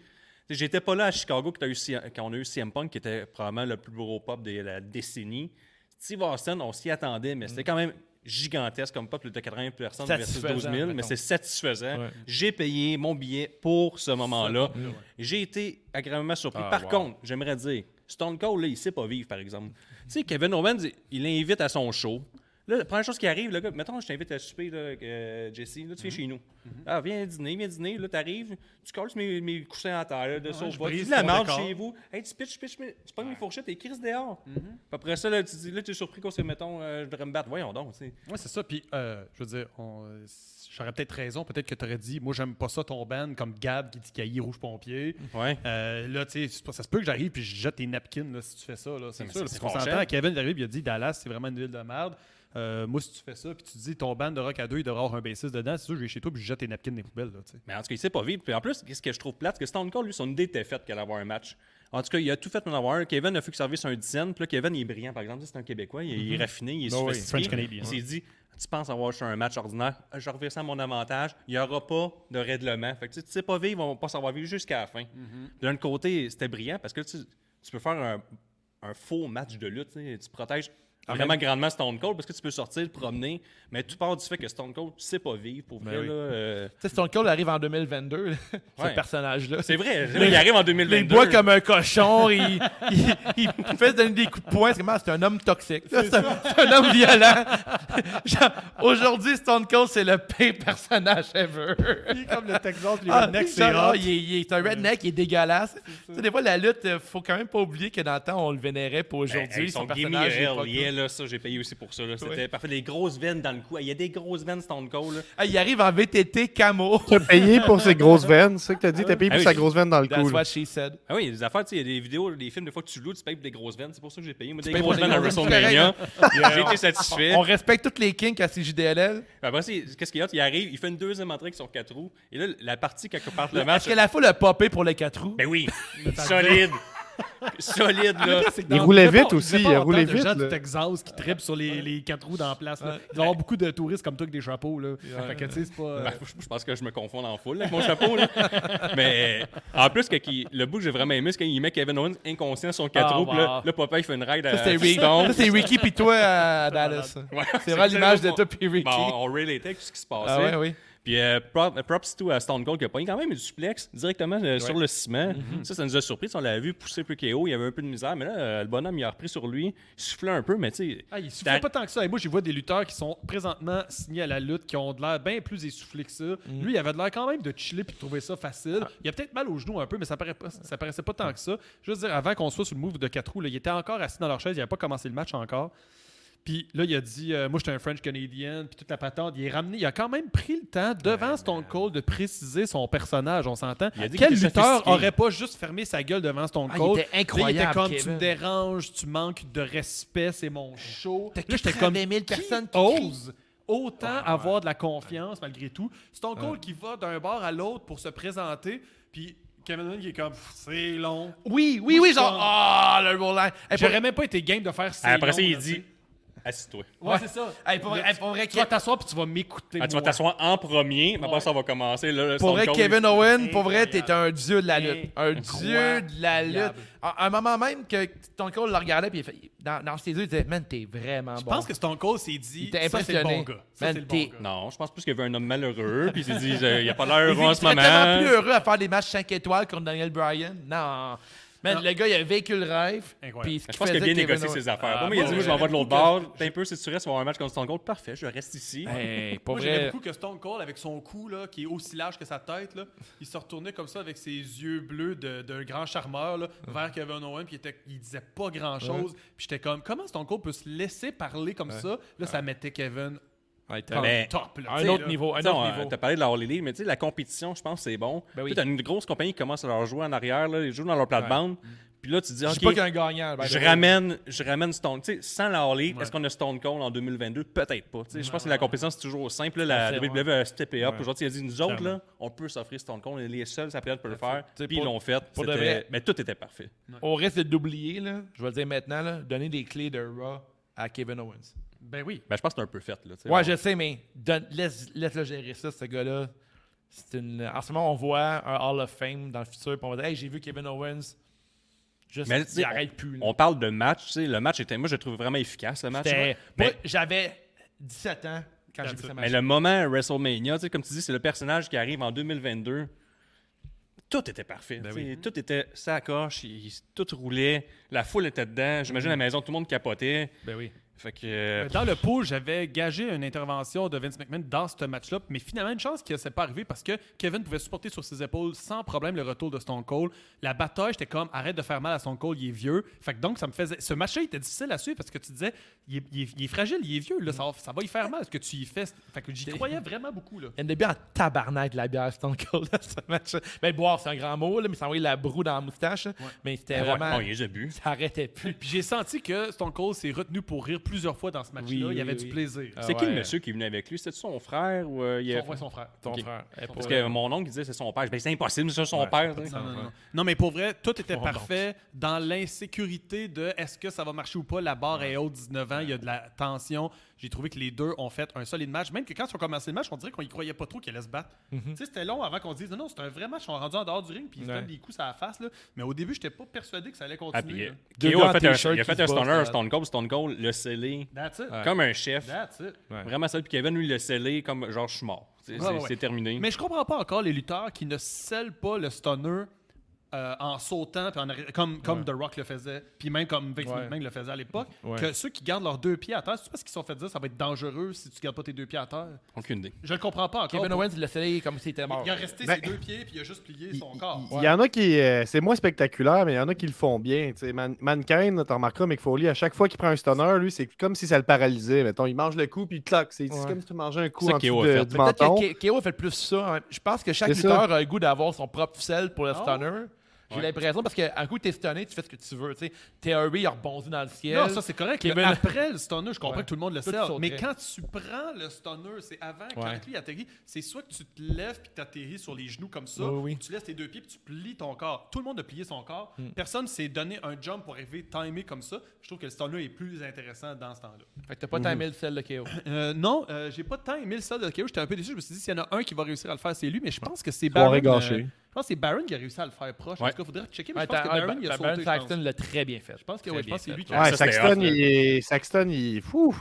[SPEAKER 5] Tu sais, J'étais pas là à Chicago quand, t'as eu C- quand on a eu CM Punk, qui était probablement le plus gros pop de la décennie. Steve Austin, on s'y attendait, mais c'était quand même gigantesque comme pop de 81 personnes versus
[SPEAKER 3] Mm. Satisfaisant,
[SPEAKER 5] 12 000, mais
[SPEAKER 3] mettons.
[SPEAKER 5] c'est satisfaisant.
[SPEAKER 3] Ouais.
[SPEAKER 5] J'ai payé mon billet pour ce moment-là. J'ai été agréablement surpris.
[SPEAKER 3] Ah,
[SPEAKER 5] Par contre, j'aimerais dire, Stone Cold, là, il sait pas vivre, par exemple. tu sais, Kevin Owens, il- il l'invite à son show. Là, la première chose qui arrive, le gars, mettons, je t'invite à souper, là, euh, Jesse, là,
[SPEAKER 3] Mm-hmm.
[SPEAKER 5] tu viens chez nous. Ah, viens dîner, viens dîner, là, t'arrives, tu colles mes, mes coussins à terre, là,
[SPEAKER 3] Ah,
[SPEAKER 5] de sofa, tu
[SPEAKER 4] brise
[SPEAKER 5] dis la
[SPEAKER 4] ton
[SPEAKER 5] marde
[SPEAKER 4] décor. Mm-hmm.
[SPEAKER 5] chez vous, hey, tu pitches, pitches, mes- tu pognes mes fourchettes et crises dehors. Puis après ça, là, tu dis, là, t'es surpris qu'on se mettons, euh, je voudrais me battre, voyons donc, tu sais.
[SPEAKER 4] Oui, c'est ça. Puis, euh, je veux dire, on- euh, j'aurais peut-être raison. Peut-être que tu aurais dit, moi, j'aime pas ça ton band, comme Gab qui dit cahier rouge pompier.
[SPEAKER 5] Ouais.
[SPEAKER 4] Euh, là, tu sais, c'est pas- ça se peut que j'arrive puis je jette tes napkins là, si tu fais ça. là, C'est
[SPEAKER 5] Mais
[SPEAKER 4] sûr.
[SPEAKER 5] c'est
[SPEAKER 4] Parce qu'on
[SPEAKER 5] franchement.
[SPEAKER 4] s'entend, Kevin est arrivé puis il a dit Dallas, c'est vraiment une ville de merde. Euh, moi, si tu fais ça, puis tu dis ton band de rock à deux, il devrait avoir un bassiste dedans, c'est sûr, je vais chez toi puis je jette tes napkins des poubelles. Là, tu sais.
[SPEAKER 5] Mais en tout cas, il sait pas vivre. Puis en plus, ce que je trouve plate, c'est que Stone Cold, lui, son idée était faite qu'elle allait avoir un match. En tout cas, il a tout fait pour en avoir un. Kevin a fait que service sur un dizaine. Puis là, Kevin, il est brillant, par exemple. Ça, C'est un Québécois, il est,
[SPEAKER 3] Mm-hmm.
[SPEAKER 5] il est raffiné, il est
[SPEAKER 3] Oh
[SPEAKER 4] Ah oui,
[SPEAKER 5] sophistiqué.
[SPEAKER 4] French-Canadien,
[SPEAKER 5] Il s'est dit, tu penses avoir sur un match ordinaire, je revire ça à mon avantage, il n'y aura pas de règlement. Fait que tu sais, tu sais pas vivre, on va pas savoir vivre jusqu'à la fin.
[SPEAKER 3] Mm-hmm.
[SPEAKER 5] D'un autre côté, c'était brillant parce que tu, tu peux faire un, un faux match de lutte. tu sais. Tu protèges
[SPEAKER 3] Ah,
[SPEAKER 5] vraiment grandement Stone Cold parce que tu peux sortir, te promener. Mais tout part du fait que Stone Cold, tu sais pas vivre pour vrai.
[SPEAKER 3] Ben oui.
[SPEAKER 5] là, euh,
[SPEAKER 3] Tu sais, Stone Cold arrive en 2022, là, ce
[SPEAKER 5] Ouais.
[SPEAKER 3] personnage-là.
[SPEAKER 5] c'est vrai, là, il arrive en 2022.
[SPEAKER 3] Il boit comme un cochon, il, il, il fait se donner des coups de poing. C'est comment? C'est un homme toxique. là. C'est un, c'est un homme violent. Genre, Aujourd'hui, Stone Cold, c'est le pire personnage ever.
[SPEAKER 4] comme le Texas,
[SPEAKER 3] Ah, genre, il, est, il est un redneck, il est dégueulasse. Tu sais, des fois, la lutte, euh, faut quand même pas oublier que dans le temps, on le vénérait. Puis aujourd'hui,
[SPEAKER 5] Hey, hey,
[SPEAKER 3] Ben, son
[SPEAKER 5] son
[SPEAKER 3] personnage est
[SPEAKER 5] gimme
[SPEAKER 3] pas
[SPEAKER 5] Hell
[SPEAKER 3] cool.
[SPEAKER 5] yeah, là, ça, j'ai payé aussi pour ça. là. C'était parfait. Des grosses veines dans le cou. Hey, Il y a des grosses veines Stone Cold. Là.
[SPEAKER 3] Ah, il arrive en VTT camo.
[SPEAKER 6] Tu as payé pour ses grosses veines. C'est ça que tu as dit. Tu as payé
[SPEAKER 5] Ah
[SPEAKER 6] pour
[SPEAKER 5] oui,
[SPEAKER 6] sa
[SPEAKER 5] j'ai-
[SPEAKER 6] grosse veine dans le cou.
[SPEAKER 3] That's
[SPEAKER 6] là.
[SPEAKER 3] what she said.
[SPEAKER 5] Ah oui, il y a des affaires, tu sais, il y a des vidéos, des films, des fois que tu loues, tu payes pour des grosses veines. C'est pour ça que j'ai payé. Moi, des
[SPEAKER 3] payes pour
[SPEAKER 5] grosses
[SPEAKER 3] des
[SPEAKER 5] veines hein. à
[SPEAKER 3] grosses veines,
[SPEAKER 5] WrestleMania. j'ai été satisfait.
[SPEAKER 3] On respecte toutes les kinks à CJDLL.
[SPEAKER 5] Après, c'est- qu'est-ce qu'il y a? Il arrive, il fait une deuxième entrée avec son 4 roues. Et là, la partie, quand on part le
[SPEAKER 3] Est-ce
[SPEAKER 5] match.
[SPEAKER 3] Ben, que la foule a popé pour les quatre roues?
[SPEAKER 5] Ben oui, solide. solide, là.
[SPEAKER 6] Il roulait vite aussi, il roulait vite,
[SPEAKER 4] gens du
[SPEAKER 6] là.
[SPEAKER 4] Texas qui trippent sur les, les quatre roues dans la place. là. Il doit y avoir beaucoup de touristes comme toi avec des chapeaux. Là. Fait que, tu sais, c'est pas. euh,
[SPEAKER 5] Ben, je, je pense que je me confonds en foule avec mon chapeau. Là. Mais en plus, que qui- le bout que j'ai vraiment aimé, c'est qu'il met Kevin Owens inconscient sur le 4
[SPEAKER 4] Ah,
[SPEAKER 5] roues. puis Là,
[SPEAKER 4] wow.
[SPEAKER 5] là, papa, il fait une ride à
[SPEAKER 3] Ça, euh, c'est Ricky.
[SPEAKER 5] Stone.
[SPEAKER 3] Ça, c'est Ricky puis toi euh, à Dallas.
[SPEAKER 5] Ouais,
[SPEAKER 3] C'est vrai l'image de
[SPEAKER 5] exactement-
[SPEAKER 3] toi puis Ricky.
[SPEAKER 5] Bon, on relatait tout ce qui se passait.
[SPEAKER 3] ah ouais, oui.
[SPEAKER 5] Puis euh, prop- props to à Stone Cold qui a pogné quand même du suplex directement euh, sur le ciment.
[SPEAKER 3] Mm-hmm.
[SPEAKER 5] Ça, ça nous a surpris. On l'avait vu pousser plus KO. Il y avait un peu de misère, mais là, euh, le bonhomme, il a repris sur lui. Il soufflait un peu, mais tu sais.
[SPEAKER 4] Ah, il souffle pas tant que ça. Et moi, j'y vois des lutteurs qui sont présentement signés à la lutte, qui ont de l'air bien plus essoufflés que ça.
[SPEAKER 5] Mm.
[SPEAKER 4] Lui, il avait de l'air quand même de chiller puis de trouver ça facile.
[SPEAKER 5] Ah.
[SPEAKER 4] Il a peut-être mal aux genoux un peu, mais ça, paraît pas, ça paraissait pas tant que ça. Je veux dire, avant qu'on soit sur le move de 4 roues, là, il était encore assis dans leur chaise, il n'avait pas commencé le match encore. Puis là, il a dit euh, Moi, j'étais un French Canadian, puis toute la patente. Il est ramené. Il a quand même pris le temps devant Stone Cold de préciser son personnage, on s'entend.
[SPEAKER 5] euh, Il a dit
[SPEAKER 4] Quel
[SPEAKER 5] qu'il était
[SPEAKER 4] lutteur
[SPEAKER 5] sophistiqué.
[SPEAKER 4] aurait pas juste fermé sa gueule devant Stone
[SPEAKER 3] Ah, il
[SPEAKER 4] Cold
[SPEAKER 3] était
[SPEAKER 4] Là, Il
[SPEAKER 3] incroyable,
[SPEAKER 4] était comme Tu
[SPEAKER 3] Kevin.
[SPEAKER 4] me déranges, tu manques de respect, c'est mon show.
[SPEAKER 3] T'as
[SPEAKER 4] Là, j'étais comme
[SPEAKER 3] 80 000
[SPEAKER 4] qui
[SPEAKER 3] personnes qui
[SPEAKER 4] ose autant avoir de la confiance malgré tout. Stone Cold qui va d'un bord à l'autre pour se présenter, puis Kevin Owens qui est comme Pff, c'est long.
[SPEAKER 3] Oui, oui, oui, genre, ah, le roll-line. Hey, pour-
[SPEAKER 4] J'aurais même pas été game de faire
[SPEAKER 3] Ah,
[SPEAKER 4] c'est
[SPEAKER 5] Eh, Après ça,
[SPEAKER 4] long,
[SPEAKER 5] il
[SPEAKER 4] là,
[SPEAKER 5] dit
[SPEAKER 4] tu sais.
[SPEAKER 5] Assis-toi.
[SPEAKER 4] Ouais,
[SPEAKER 3] Ouais.
[SPEAKER 4] c'est ça. Eh,
[SPEAKER 3] Hey, pour-
[SPEAKER 4] Là,
[SPEAKER 3] hey,
[SPEAKER 4] tu-
[SPEAKER 3] pour vrai,
[SPEAKER 4] tu vas
[SPEAKER 3] Ke-
[SPEAKER 4] t'asseoir puis tu vas m'écouter.
[SPEAKER 5] Ah, tu vas
[SPEAKER 4] moi.
[SPEAKER 5] t'asseoir en premier, mais après ça, on va commencer. Là,
[SPEAKER 3] Pour
[SPEAKER 5] Stone
[SPEAKER 3] vrai,
[SPEAKER 5] Cold,
[SPEAKER 3] Kevin Owen, pour vrai,
[SPEAKER 4] incroyable.
[SPEAKER 3] t'es un dieu de la lutte. Un dieu
[SPEAKER 4] Incroyable.
[SPEAKER 3] de la lutte. À à un moment même que ton coach le regardait, puis il fait- dans, dans ses yeux, il disait, man, t'es vraiment
[SPEAKER 4] Je
[SPEAKER 3] bon.
[SPEAKER 4] pense que Stone Cold s'est dit
[SPEAKER 3] Il était
[SPEAKER 4] ça c'est le
[SPEAKER 3] impressionné.
[SPEAKER 4] bon gars. Ça
[SPEAKER 3] Man,
[SPEAKER 4] c'est le
[SPEAKER 3] t'es-
[SPEAKER 4] bon gars.
[SPEAKER 5] Non, je pense plus qu'il y avait un homme malheureux, puis il s'est dit, euh, il n'y a pas l'air
[SPEAKER 3] Il
[SPEAKER 5] heureux en ce
[SPEAKER 3] serait tellement plus
[SPEAKER 5] moment.
[SPEAKER 3] heureux à faire des matchs 5 étoiles contre Daniel Bryan. Non. Man,
[SPEAKER 4] Non.
[SPEAKER 3] le gars, il a vécu le rêve.
[SPEAKER 4] Incroyable.
[SPEAKER 3] Puis ce
[SPEAKER 5] Je
[SPEAKER 3] qu'il
[SPEAKER 5] pense qu'il a
[SPEAKER 3] faisait,
[SPEAKER 5] bien
[SPEAKER 3] Kevin
[SPEAKER 5] négocié
[SPEAKER 3] Owens-
[SPEAKER 5] ses affaires.
[SPEAKER 4] Ah,
[SPEAKER 5] Bon, mais il a
[SPEAKER 4] moi,
[SPEAKER 5] dit, moi, je m'en vais de l'autre
[SPEAKER 4] j'aurais
[SPEAKER 5] bord. T'es un peu, si tu restes, on va avoir un match contre Stone Cold. Parfait, je reste ici.
[SPEAKER 3] Hey, pour
[SPEAKER 4] Moi, j'aimais
[SPEAKER 3] vrai.
[SPEAKER 4] beaucoup que Stone Cold, avec son cou là, qui est aussi large que sa tête, là, il se retournait comme ça avec ses yeux bleus de- d'un grand charmeur là, vers Kevin Owen, puis il, était- il disait pas grand-chose. Puis j'étais comme, comment Stone Cold peut se laisser parler comme ça? Là, ça mettait Kevin en
[SPEAKER 5] Mais-
[SPEAKER 4] top. là,
[SPEAKER 3] Eh, À
[SPEAKER 4] tu
[SPEAKER 3] un
[SPEAKER 4] sais,
[SPEAKER 3] autre
[SPEAKER 4] là.
[SPEAKER 3] niveau, un
[SPEAKER 5] Tu euh,
[SPEAKER 3] autre niveau.
[SPEAKER 5] as parlé de la All Elite, mais tu sais, la compétition, je pense que c'est bon.
[SPEAKER 3] Ben oui.
[SPEAKER 5] Tu as une grosse compagnie qui commence à leur jouer en arrière, là, ils jouent dans leur plate-bande. Puis là, tu dis,
[SPEAKER 3] Je
[SPEAKER 5] OK,
[SPEAKER 3] dis pas qu'il y a un gagnant. ben, by the
[SPEAKER 5] je
[SPEAKER 3] way.
[SPEAKER 5] ramène, je ramène Stone. Tu sais, sans la All Elite, est-ce qu'on a Stone Cold en 2022 Peut-être pas. Tu sais, Je pense que la compétition, c'est toujours simple. là, la
[SPEAKER 3] Ouais,
[SPEAKER 5] WWE a steppé up. Aujourd'hui, il a dit, nous autres, là, on peut s'offrir Stone Cold. On est les seuls à peut-être le faire.
[SPEAKER 3] Tu sais,
[SPEAKER 5] Puis ils
[SPEAKER 3] pour-
[SPEAKER 5] l'ont fait.
[SPEAKER 3] pour de
[SPEAKER 5] C'était-
[SPEAKER 3] vrai.
[SPEAKER 5] Mais tout était parfait.
[SPEAKER 3] On risque d'oublier, là, je vais le dire maintenant, là, donner des clés de Raw à Kevin Owens.
[SPEAKER 4] Ben oui.
[SPEAKER 5] Ben, je pense que c'est un peu fait. Là, tu sais.
[SPEAKER 3] Ouais,
[SPEAKER 5] On-
[SPEAKER 3] je sais, mais donne- laisse, laisse-le gérer ça, ce gars-là. C'est une... En ce moment, on voit un Hall of Fame dans le futur, puis on va dire Hey, j'ai vu Kevin Owens. Juste,
[SPEAKER 5] Mais, tu sais,
[SPEAKER 3] il arrête plus. là.
[SPEAKER 5] On parle de match. tu sais, Le match était, moi, je le trouve vraiment efficace, le match.
[SPEAKER 3] C'était- ben-
[SPEAKER 5] là.
[SPEAKER 3] Moi,
[SPEAKER 5] Mais
[SPEAKER 3] j'avais 17 ans quand j'ai vu ce
[SPEAKER 5] Mais
[SPEAKER 3] match.
[SPEAKER 5] le moment WrestleMania, tu sais, comme tu dis, c'est le personnage qui arrive en 2022. Tout était parfait.
[SPEAKER 3] Ben
[SPEAKER 5] tu sais, Tout était sa coche, il- il- tout roulait, la foule était dedans. J'imagine à la maison, tout le monde capotait.
[SPEAKER 3] Mm-hmm. Ben oui.
[SPEAKER 5] Fait que. euh,
[SPEAKER 4] Dans le pool, j'avais gagé une intervention de Vince McMahon dans ce match-là, mais finalement, une chance que ça n'est pas arrivé parce que Kevin pouvait supporter sur ses épaules sans problème le retour de Stone Cold. La bataille, j'étais comme arrête de faire mal à Stone Cold, il est vieux. Fait que donc, ça me faisait. Ce match-là il était difficile à suivre parce que tu disais, il est, il est- il est fragile, il est vieux, là, ça, va, ça va y faire mal ce que tu y fais. Fait que j'y croyais vraiment beaucoup. Là.
[SPEAKER 3] Il y a bien en tabarnak de la bière Stone Cold dans ce match. Ben, boire, c'est un grand mot, là, mais ça envoyait la broue dans la moustache. là. Mais c'était
[SPEAKER 5] ah ouais, Oh,
[SPEAKER 3] vraiment.
[SPEAKER 5] on y les a bu.
[SPEAKER 3] Ça arrêtait plus.
[SPEAKER 4] Puis j'ai senti que Stone Cold s'est retenu pour rire plusieurs fois dans ce match-là.
[SPEAKER 3] Oui,
[SPEAKER 4] il y avait
[SPEAKER 3] oui,
[SPEAKER 4] du
[SPEAKER 3] oui.
[SPEAKER 4] plaisir.
[SPEAKER 5] C'est qui le
[SPEAKER 3] Ah ouais.
[SPEAKER 5] monsieur qui est venu avec lui C'était son frère ou euh, il
[SPEAKER 4] Son,
[SPEAKER 5] a-
[SPEAKER 4] ouais, son frère.
[SPEAKER 3] Ton
[SPEAKER 5] Ok.
[SPEAKER 3] frère. Eh,
[SPEAKER 5] Parce
[SPEAKER 3] pour-
[SPEAKER 5] que mon oncle il disait c'est son père. Je dis, Ben, c'est impossible, c'est son père. tu sais.
[SPEAKER 4] Non, non, non. Non, mais pour vrai, tout était parfait dans l'insécurité de est-ce que ça va marcher ou pas. La barre est haute, 19 ans, il y a de la tension. J'ai trouvé que les deux ont fait un solide match. Même que quand ils ont commencé le match, on dirait qu'on y croyait pas trop qu'ils allaient se battre. Tu sais, c'était long avant qu'on se dise non, non, c'est un vrai match. On est rendu en dehors du ring puis ils se
[SPEAKER 3] Ouais.
[SPEAKER 4] donnent des coups à la face. Là. Mais au début, j'étais pas persuadé que ça allait
[SPEAKER 5] Ah, puis,
[SPEAKER 4] continuer.
[SPEAKER 5] euh,
[SPEAKER 4] là.
[SPEAKER 3] Deux
[SPEAKER 5] KO
[SPEAKER 3] gars
[SPEAKER 5] a
[SPEAKER 3] en
[SPEAKER 5] fait un,
[SPEAKER 3] t-shirt
[SPEAKER 5] il a
[SPEAKER 3] qui
[SPEAKER 5] fait
[SPEAKER 3] se
[SPEAKER 5] un
[SPEAKER 3] battent,
[SPEAKER 5] stunner
[SPEAKER 3] là.
[SPEAKER 5] à Stone Cold. Stone Cold l'a scellé
[SPEAKER 4] That's it.
[SPEAKER 5] comme un chef.
[SPEAKER 4] That's it.
[SPEAKER 5] Vraiment ça. Puis Kevin, lui, l'a scellé comme genre je suis mort. Tu sais,
[SPEAKER 4] Ouais,
[SPEAKER 5] C'est
[SPEAKER 4] ouais, ouais.
[SPEAKER 5] c'est
[SPEAKER 6] Mm.
[SPEAKER 5] terminé.
[SPEAKER 4] Mais je comprends pas encore les lutteurs qui ne scellent pas le stunner euh, en sautant, puis en arri- comme, comme The Rock le faisait, puis même comme Vince
[SPEAKER 3] Ouais.
[SPEAKER 4] McMahon le faisait à l'époque,
[SPEAKER 3] Ouais.
[SPEAKER 4] que ceux qui gardent leurs deux pieds à terre, c'est parce qu'ils se sont fait dire ça va être dangereux si tu gardes pas tes deux pieds à terre.
[SPEAKER 5] Aucune idée.
[SPEAKER 4] Je le comprends pas encore.
[SPEAKER 3] Kevin Owens, il l'a scellé comme s'il était mort.
[SPEAKER 4] Il a resté
[SPEAKER 6] Ben-
[SPEAKER 4] ses deux pieds, puis il a juste plié
[SPEAKER 6] Il,
[SPEAKER 4] son corps.
[SPEAKER 6] il- il y en a qui. euh, c'est moins spectaculaire, mais il y en a qui le font bien. tu sais. Man- Mankind, t'en remarqueras, McFoley, à chaque fois qu'il prend un stunner, lui, c'est comme si ça le paralysait. Mettons, il mange le coup, puis il claque. C'est c'est
[SPEAKER 3] Ouais.
[SPEAKER 6] comme si tu mangeais un coup
[SPEAKER 5] C'est ça
[SPEAKER 6] en
[SPEAKER 5] qu'il
[SPEAKER 6] dessous
[SPEAKER 5] a
[SPEAKER 6] de-
[SPEAKER 5] fait.
[SPEAKER 6] du
[SPEAKER 3] Peut-être
[SPEAKER 6] menton.
[SPEAKER 3] que K- KO a fait plus ça. hein. Je pense que chaque
[SPEAKER 6] C'est ça.
[SPEAKER 4] Ah.
[SPEAKER 3] lutteur a le goût d'avoir son propre sel pour le stunner. J'ai
[SPEAKER 5] Ouais.
[SPEAKER 3] l'impression, parce qu'un coup, t'es stunné, tu fais ce que tu veux. tu sais. Theory, il a rebondi dans le ciel.
[SPEAKER 4] Non, ça c'est correct.
[SPEAKER 3] Kevin-
[SPEAKER 4] mais Après le stunner, je comprends
[SPEAKER 3] Ouais.
[SPEAKER 4] que tout le monde le
[SPEAKER 3] Toi, tu
[SPEAKER 4] sert.
[SPEAKER 3] sauterais.
[SPEAKER 4] Mais quand tu prends le stunner, c'est avant, quand
[SPEAKER 3] Ouais.
[SPEAKER 4] lui atterrit, c'est soit que tu te lèves puis que tu atterris sur les genoux comme ça,
[SPEAKER 3] Oui, oui.
[SPEAKER 4] ou tu laisses tes deux pieds puis tu plies ton corps. Tout le monde a plié son corps. Personne s'est donné un jump pour arriver timé comme ça. Je trouve que le stunner est plus intéressant dans ce temps-là.
[SPEAKER 3] Fait que t'as
[SPEAKER 6] Mhm.
[SPEAKER 3] pas timé le sel de KO.
[SPEAKER 4] Euh, non, euh, j'ai pas de temps aimé le sol de KO. J'étais un peu déçu. Je me suis dit, s'il y en a un qui va réussir à le faire, c'est lui. Mais je pense que c'est Baron. euh,
[SPEAKER 6] Soirée gâchée.
[SPEAKER 4] je pense que c'est Baron qui a réussi à le faire proche. En
[SPEAKER 5] Ouais.
[SPEAKER 4] tout cas, faudrait checker. Mais
[SPEAKER 3] Ouais,
[SPEAKER 4] je pense
[SPEAKER 3] t'as-
[SPEAKER 4] que
[SPEAKER 3] ouais,
[SPEAKER 4] Baron, il a
[SPEAKER 3] Ba-
[SPEAKER 4] sauté.
[SPEAKER 3] Baron
[SPEAKER 4] je
[SPEAKER 3] Saxton
[SPEAKER 4] pense.
[SPEAKER 3] l'a très bien fait. Je
[SPEAKER 4] pense que
[SPEAKER 3] Très
[SPEAKER 4] ouais, je
[SPEAKER 3] bien
[SPEAKER 4] pense que c'est
[SPEAKER 3] fait.
[SPEAKER 4] lui qui
[SPEAKER 5] Ah,
[SPEAKER 6] Ouais,
[SPEAKER 5] ça, c'était
[SPEAKER 6] Saxton,
[SPEAKER 5] hot, là.
[SPEAKER 6] il est... Saxton, il est fou.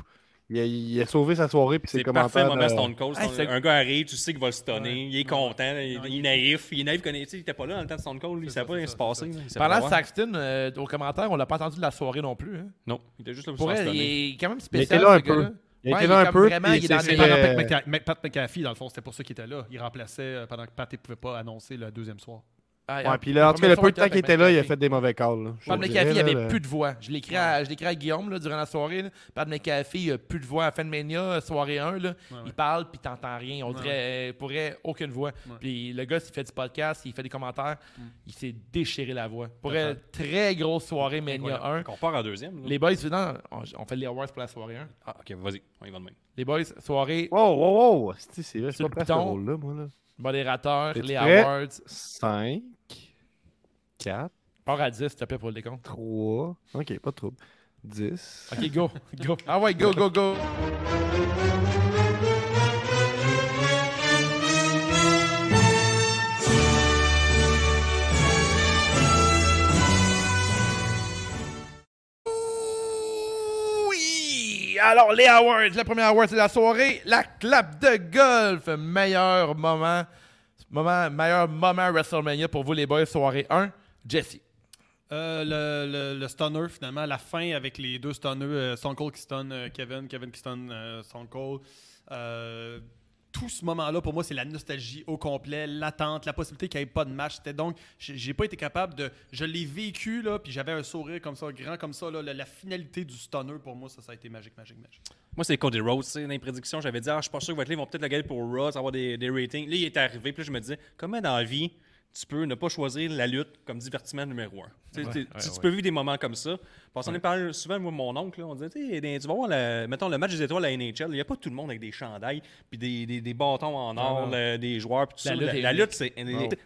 [SPEAKER 6] Il a, il a sauvé sa soirée puis ses
[SPEAKER 5] C'est euh, parfait
[SPEAKER 6] commentaires.
[SPEAKER 5] le moment Stone
[SPEAKER 6] de-
[SPEAKER 5] Cold. Stone-
[SPEAKER 3] c'est-
[SPEAKER 5] un gars arrive, tu sais qu'il va le stunner, il est content, il, il est naïf. Il est naïf, connaît, tu sais, il était pas là dans le temps de Stone Cold, il savait pas ce qui se passait. là, il savait
[SPEAKER 3] Parlant
[SPEAKER 5] pas
[SPEAKER 3] de
[SPEAKER 5] voir.
[SPEAKER 3] Saxton, euh, au commentaire, on l'a pas entendu de la soirée non plus. hein.
[SPEAKER 5] Non, il était juste là
[SPEAKER 3] Pour
[SPEAKER 5] pour se faire
[SPEAKER 3] elle,
[SPEAKER 5] stunner.
[SPEAKER 3] il est quand même
[SPEAKER 6] Il
[SPEAKER 3] spécial.
[SPEAKER 6] était là un
[SPEAKER 3] ce gars-là.
[SPEAKER 6] peu. Il
[SPEAKER 3] Ouais,
[SPEAKER 6] était
[SPEAKER 3] il
[SPEAKER 6] euh, là
[SPEAKER 3] est
[SPEAKER 6] un
[SPEAKER 3] comme
[SPEAKER 6] peu.
[SPEAKER 3] vraiment,
[SPEAKER 6] puis
[SPEAKER 3] il est dans
[SPEAKER 6] c'est-
[SPEAKER 3] les-
[SPEAKER 6] c'est-
[SPEAKER 4] Pendant
[SPEAKER 6] euh,
[SPEAKER 4] Ah, Pat McAfee- Mc- Pat McAfee, dans le fond, c'était pour ça qu'il était là. Il remplaçait euh, pendant que Pat ne pouvait pas annoncer le deuxième soir.
[SPEAKER 3] Ah,
[SPEAKER 6] Ouais, puis là, en tout cas, le peu de temps qu'il était là, il a fait des mauvais calls. là, je
[SPEAKER 3] Pat
[SPEAKER 6] te
[SPEAKER 3] McAfee, il n'y
[SPEAKER 6] dirais,
[SPEAKER 3] avait
[SPEAKER 6] là,
[SPEAKER 3] plus de voix. Je l'écris à, je l'écris à Guillaume là, durant la soirée. là. Pat McAfee, il a plus de voix. À fin de Mania, euh, soirée 1, là, il parle puis t'entends rien. On dirait euh, pour elle, aucune voix. Puis le gars, s'il fait du podcast, il fait des commentaires, il s'est déchiré la voix. Pour elle, très grosse soirée Mania 1.
[SPEAKER 5] On part en deuxième. là.
[SPEAKER 3] Les boys, non, on, on fait les awards pour la soirée 1.
[SPEAKER 5] Ah, ok, vas-y, on y va demain.
[SPEAKER 3] Les boys, soirée,
[SPEAKER 6] Wow, wow, wow! C'est c'est vrai, je
[SPEAKER 3] Sur le
[SPEAKER 6] suis pas prêt à ce
[SPEAKER 3] piton.
[SPEAKER 6] rôle-là, moi. Là.
[SPEAKER 3] modérateur,
[SPEAKER 6] T'es-tu
[SPEAKER 3] les
[SPEAKER 6] prêt?
[SPEAKER 3] awards.
[SPEAKER 6] 5, 4,
[SPEAKER 3] Part à 10, s'il te plaît, pour le décompte.
[SPEAKER 6] 3. Ok, pas de trouble. 10.
[SPEAKER 3] OK, go, go. Ah ouais, go, go, go. Oui! Alors, les awards. La première award, c'est la soirée. La clap de golf. Meilleur moment. moment meilleur moment WrestleMania pour vous, les boys. Soirée 1. Jesse.
[SPEAKER 4] Euh, le, le, le stunner, finalement, la fin avec les deux stunners, euh, Stone Cold qui stun euh, Kevin, Kevin qui stun euh, Stone Cold. Euh, tout ce moment-là, pour moi, c'est la nostalgie au complet, l'attente, la possibilité qu'il n'y ait pas de match. C'était donc, j'ai j'ai pas été capable de. Je l'ai vécu, là, puis j'avais un sourire comme ça, grand comme ça. Là, la, la finalité du stunner, pour moi, ça, ça a été magique, magique, magique.
[SPEAKER 5] Moi, c'est Cody Rhodes, tu sais, dans les prédictions, j'avais dit, ah, je suis pas sûr qu'il va être là, ils vont peut-être le gagner pour Raw, ça va avoir des, des ratings. Là, il est arrivé, puis là, je me disais, comment dans la vie, tu peux ne pas choisir la lutte comme divertissement numéro un? Tu, sais, tu- tu- tu peux vivre des moments comme ça. Parce qu'on en a parlé souvent, moi, mon oncle, là, on disait, tu sais, dans- tu vas voir, la- mettons, le match des étoiles à NHL, il n'y a pas tout le monde avec des chandails, puis des, des- des bâtons en or, là, des joueurs, puis tout
[SPEAKER 3] La
[SPEAKER 5] ça.
[SPEAKER 3] lutte
[SPEAKER 5] la,
[SPEAKER 3] est
[SPEAKER 5] la
[SPEAKER 3] unique.
[SPEAKER 5] lutte, c'est.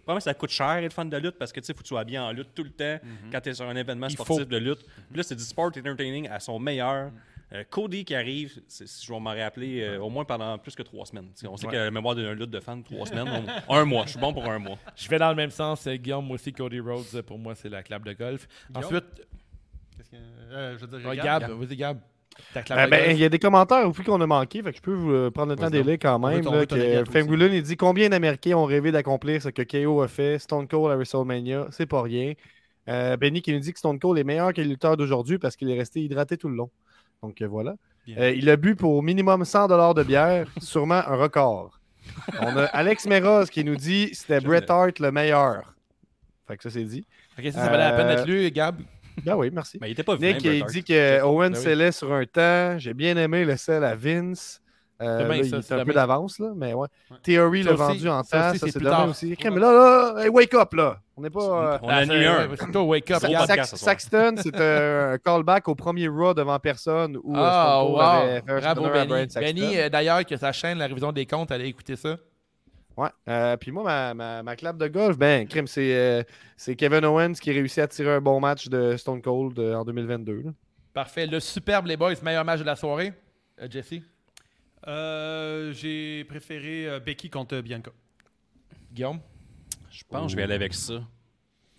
[SPEAKER 5] Premièrement, ça coûte cher être fan de lutte parce que, tu sais, faut que tu sois bien en lutte tout le temps quand tu es sur un événement
[SPEAKER 3] Il
[SPEAKER 5] sportif
[SPEAKER 3] faut.
[SPEAKER 5] de lutte. Puis là, c'est du sport entertaining à son meilleur. Euh, Cody qui arrive, c'est- si je vais m'en rappeler, euh, au moins pendant plus que trois semaines. T'sais, on sait que la mémoire d'un lutte de fan, trois semaines, on- un mois. Je suis bon pour un mois.
[SPEAKER 3] Je vais dans le même sens. euh, Guillaume, moi aussi, Cody Rhodes, euh, pour moi, c'est la clap de golf. Ensuite,
[SPEAKER 4] Qu'est-ce que. euh, je veux dire,
[SPEAKER 3] oh,
[SPEAKER 4] Gab,
[SPEAKER 3] Gab, vas-y, Gab. Ta clap
[SPEAKER 6] Ah,
[SPEAKER 3] de
[SPEAKER 6] ben,
[SPEAKER 3] golf.
[SPEAKER 6] il y a des commentaires au prix qu'on a manqué, fait que je peux vous euh, prendre le temps des quand
[SPEAKER 4] veut
[SPEAKER 6] même.
[SPEAKER 4] ton- on
[SPEAKER 6] là,
[SPEAKER 4] veut ton
[SPEAKER 6] que
[SPEAKER 4] avis à toi
[SPEAKER 6] Fame
[SPEAKER 4] aussi.
[SPEAKER 6] Goulin, il dit combien d'Américains ont rêvé d'accomplir ce que KO a fait, Stone Cold à WrestleMania, c'est pas rien. Euh, Benny qui nous dit que Stone Cold est meilleur que le lutteur d'aujourd'hui parce qu'il est resté hydraté tout le long. Donc euh, voilà.
[SPEAKER 4] Bien.
[SPEAKER 6] Euh, il a bu pour minimum 100 de bière, sûrement un record. On a Alex Meroz qui nous dit c'était
[SPEAKER 5] J'aime
[SPEAKER 6] Bret
[SPEAKER 5] le-
[SPEAKER 6] Hart le meilleur. Fait que ça c'est dit.
[SPEAKER 3] Ok, ça, ça valait la peine d'être lu, Gab.
[SPEAKER 6] Ben oui, merci.
[SPEAKER 5] Mais il était pas venu.
[SPEAKER 6] Nick, il dit que Owen
[SPEAKER 3] Ben oui.
[SPEAKER 6] scellait sur un temps. J'ai bien aimé le sel à Vince. Euh,
[SPEAKER 3] Demain,
[SPEAKER 6] là,
[SPEAKER 3] ça,
[SPEAKER 6] il est
[SPEAKER 3] c'est
[SPEAKER 6] un peu
[SPEAKER 3] demain.
[SPEAKER 6] d'avance, là, mais ouais. Theory
[SPEAKER 3] Ça
[SPEAKER 6] l'a
[SPEAKER 3] aussi-
[SPEAKER 6] vendu en temps,
[SPEAKER 3] ça
[SPEAKER 6] ça,
[SPEAKER 3] aussi, c'est
[SPEAKER 6] c'est
[SPEAKER 3] plus
[SPEAKER 6] demain
[SPEAKER 3] tard.
[SPEAKER 6] aussi. Ok, mais là, là, hey, wake up, là. On n'est pas. euh,
[SPEAKER 5] On a
[SPEAKER 3] Ah,
[SPEAKER 5] eu un.
[SPEAKER 3] ouais, C'est toi, wake up,
[SPEAKER 6] Sa-
[SPEAKER 3] Gab.
[SPEAKER 5] podcast
[SPEAKER 6] Sax-
[SPEAKER 5] ce soir.
[SPEAKER 6] Saxton, c'est un callback au premier Raw devant personne où euh,
[SPEAKER 3] Ah,
[SPEAKER 6] Stone Cold avait
[SPEAKER 3] wow.
[SPEAKER 6] fait un
[SPEAKER 3] Bravo,
[SPEAKER 6] stunner à Brian
[SPEAKER 3] Benny.
[SPEAKER 6] Saxton.
[SPEAKER 3] Benny, euh, d'ailleurs, que sa chaîne, la révision des comptes, allez écouter ça.
[SPEAKER 6] Ouais. Euh, puis moi, ma, ma, ma clap de golf, ben, crime, c'est euh, c'est Kevin Owens qui réussit à tirer un bon match de Stone Cold euh, en 2022. là.
[SPEAKER 3] Parfait. Le superbe, les boys, meilleur match de la soirée. Euh, Jesse,
[SPEAKER 4] euh, J'ai préféré euh, Becky contre Bianca.
[SPEAKER 3] Guillaume.
[SPEAKER 5] Je pense que je vais aller avec ça.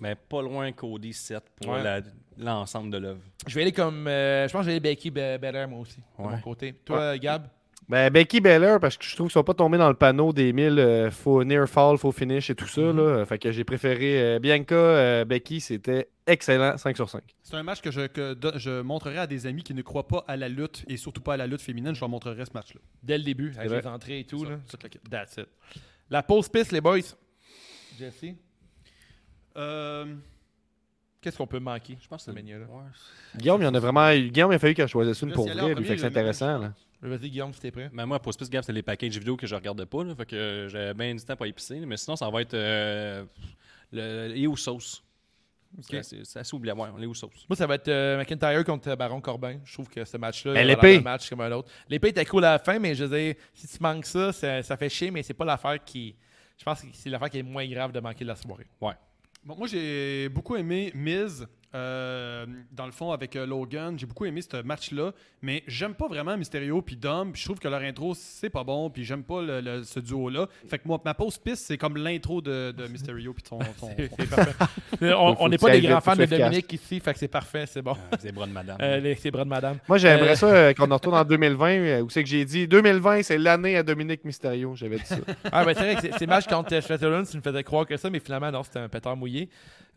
[SPEAKER 5] Mais pas loin Cody 7 pour
[SPEAKER 3] Ouais.
[SPEAKER 5] la- l'ensemble de l'œuvre.
[SPEAKER 3] Je vais aller comme. euh, je pense que j'ai Becky Be- Belair, moi aussi, de
[SPEAKER 5] Ouais.
[SPEAKER 3] mon côté. Toi, Gab.
[SPEAKER 6] Ben, Becky Beller, parce que je trouve qu'ils sont pas tombés dans le panneau des 1000 euh, faux near fall, faux finish et tout ça. là. Fait que j'ai préféré euh, Bianca, euh, Becky, c'était excellent, 5 sur 5.
[SPEAKER 4] C'est un match que, je, que do- je montrerai à des amis qui ne croient pas à la lutte et surtout pas à la lutte féminine. Je leur montrerai ce match-là.
[SPEAKER 3] Dès le début, avec
[SPEAKER 6] vrai.
[SPEAKER 3] les entrées et tout.
[SPEAKER 4] Ça,
[SPEAKER 3] là.
[SPEAKER 4] toute la kit.
[SPEAKER 3] That's it. La pause piste, les boys. Jesse,
[SPEAKER 4] Euh,
[SPEAKER 3] qu'est-ce qu'on peut manquer?
[SPEAKER 5] Je pense que
[SPEAKER 3] Mania, là.
[SPEAKER 5] Ouais.
[SPEAKER 6] Guillaume, il y en a vraiment eu- Guillaume, il a fallu qu'elle choisisse une
[SPEAKER 4] Là,
[SPEAKER 6] pour
[SPEAKER 4] si elle est
[SPEAKER 6] vrai,
[SPEAKER 4] en
[SPEAKER 6] lui,
[SPEAKER 4] premier,
[SPEAKER 6] fait que c'est
[SPEAKER 4] le même
[SPEAKER 6] intéressant. là.
[SPEAKER 3] Vas-y, Guillaume, si t'es prêt.
[SPEAKER 5] Mais Ben, moi, pour Space Gap, c'est les packages vidéo que je regardais pas. Là, fait que euh, j'avais bien du temps pour épicer. Mais sinon, ça va être euh, le, le- et aux sauces. Ça, c'est- ça s'oublie à moi, on est aux sauces.
[SPEAKER 3] Moi, ça va être euh, McIntyre contre Baron Corbin. Je trouve que ce match-là,
[SPEAKER 6] Mais
[SPEAKER 3] il va
[SPEAKER 6] l'épée.
[SPEAKER 3] avoir un match comme un autre. L'épée était cool à la fin, mais je veux dire, si tu manques ça, ça, ça fait chier, mais c'est pas l'affaire qui. Je pense que c'est l'affaire qui est moins grave de manquer de la soirée.
[SPEAKER 4] Bon, moi, j'ai beaucoup aimé Miz, euh, dans le fond, avec euh, Logan. J'ai beaucoup aimé ce match-là, mais j'aime pas vraiment Mysterio puis Dom. Puis je trouve que leur intro, c'est pas bon, puis j'aime pas le- le- ce duo-là. Fait que moi, ma pause piste, c'est comme l'intro de, de Mysterio puis son... son- son-
[SPEAKER 3] C'est parfait. on
[SPEAKER 6] Faut-
[SPEAKER 3] on n'est
[SPEAKER 6] faut
[SPEAKER 3] pas
[SPEAKER 6] que
[SPEAKER 3] des
[SPEAKER 6] tu
[SPEAKER 3] grands
[SPEAKER 6] ailles
[SPEAKER 3] fans de
[SPEAKER 6] vite, faut que tu Ah,
[SPEAKER 3] Dominique ici, fait que c'est parfait, c'est bon.
[SPEAKER 5] Ah, C'est bras de madame.
[SPEAKER 3] Euh, les- c'est bras de madame.
[SPEAKER 6] Moi,
[SPEAKER 3] Euh.
[SPEAKER 6] j'aimerais ça euh, qu'on en retourne en 2020, euh, où c'est que j'ai dit 2020, c'est l'année à Dominique Mysterio. J'avais dit ça.
[SPEAKER 3] Ah, ben, c'est vrai que c'est- ces matchs contre euh, Shetland, tu me faisais croire que ça, mais finalement, non, c'était un pétard mouillé. Euh,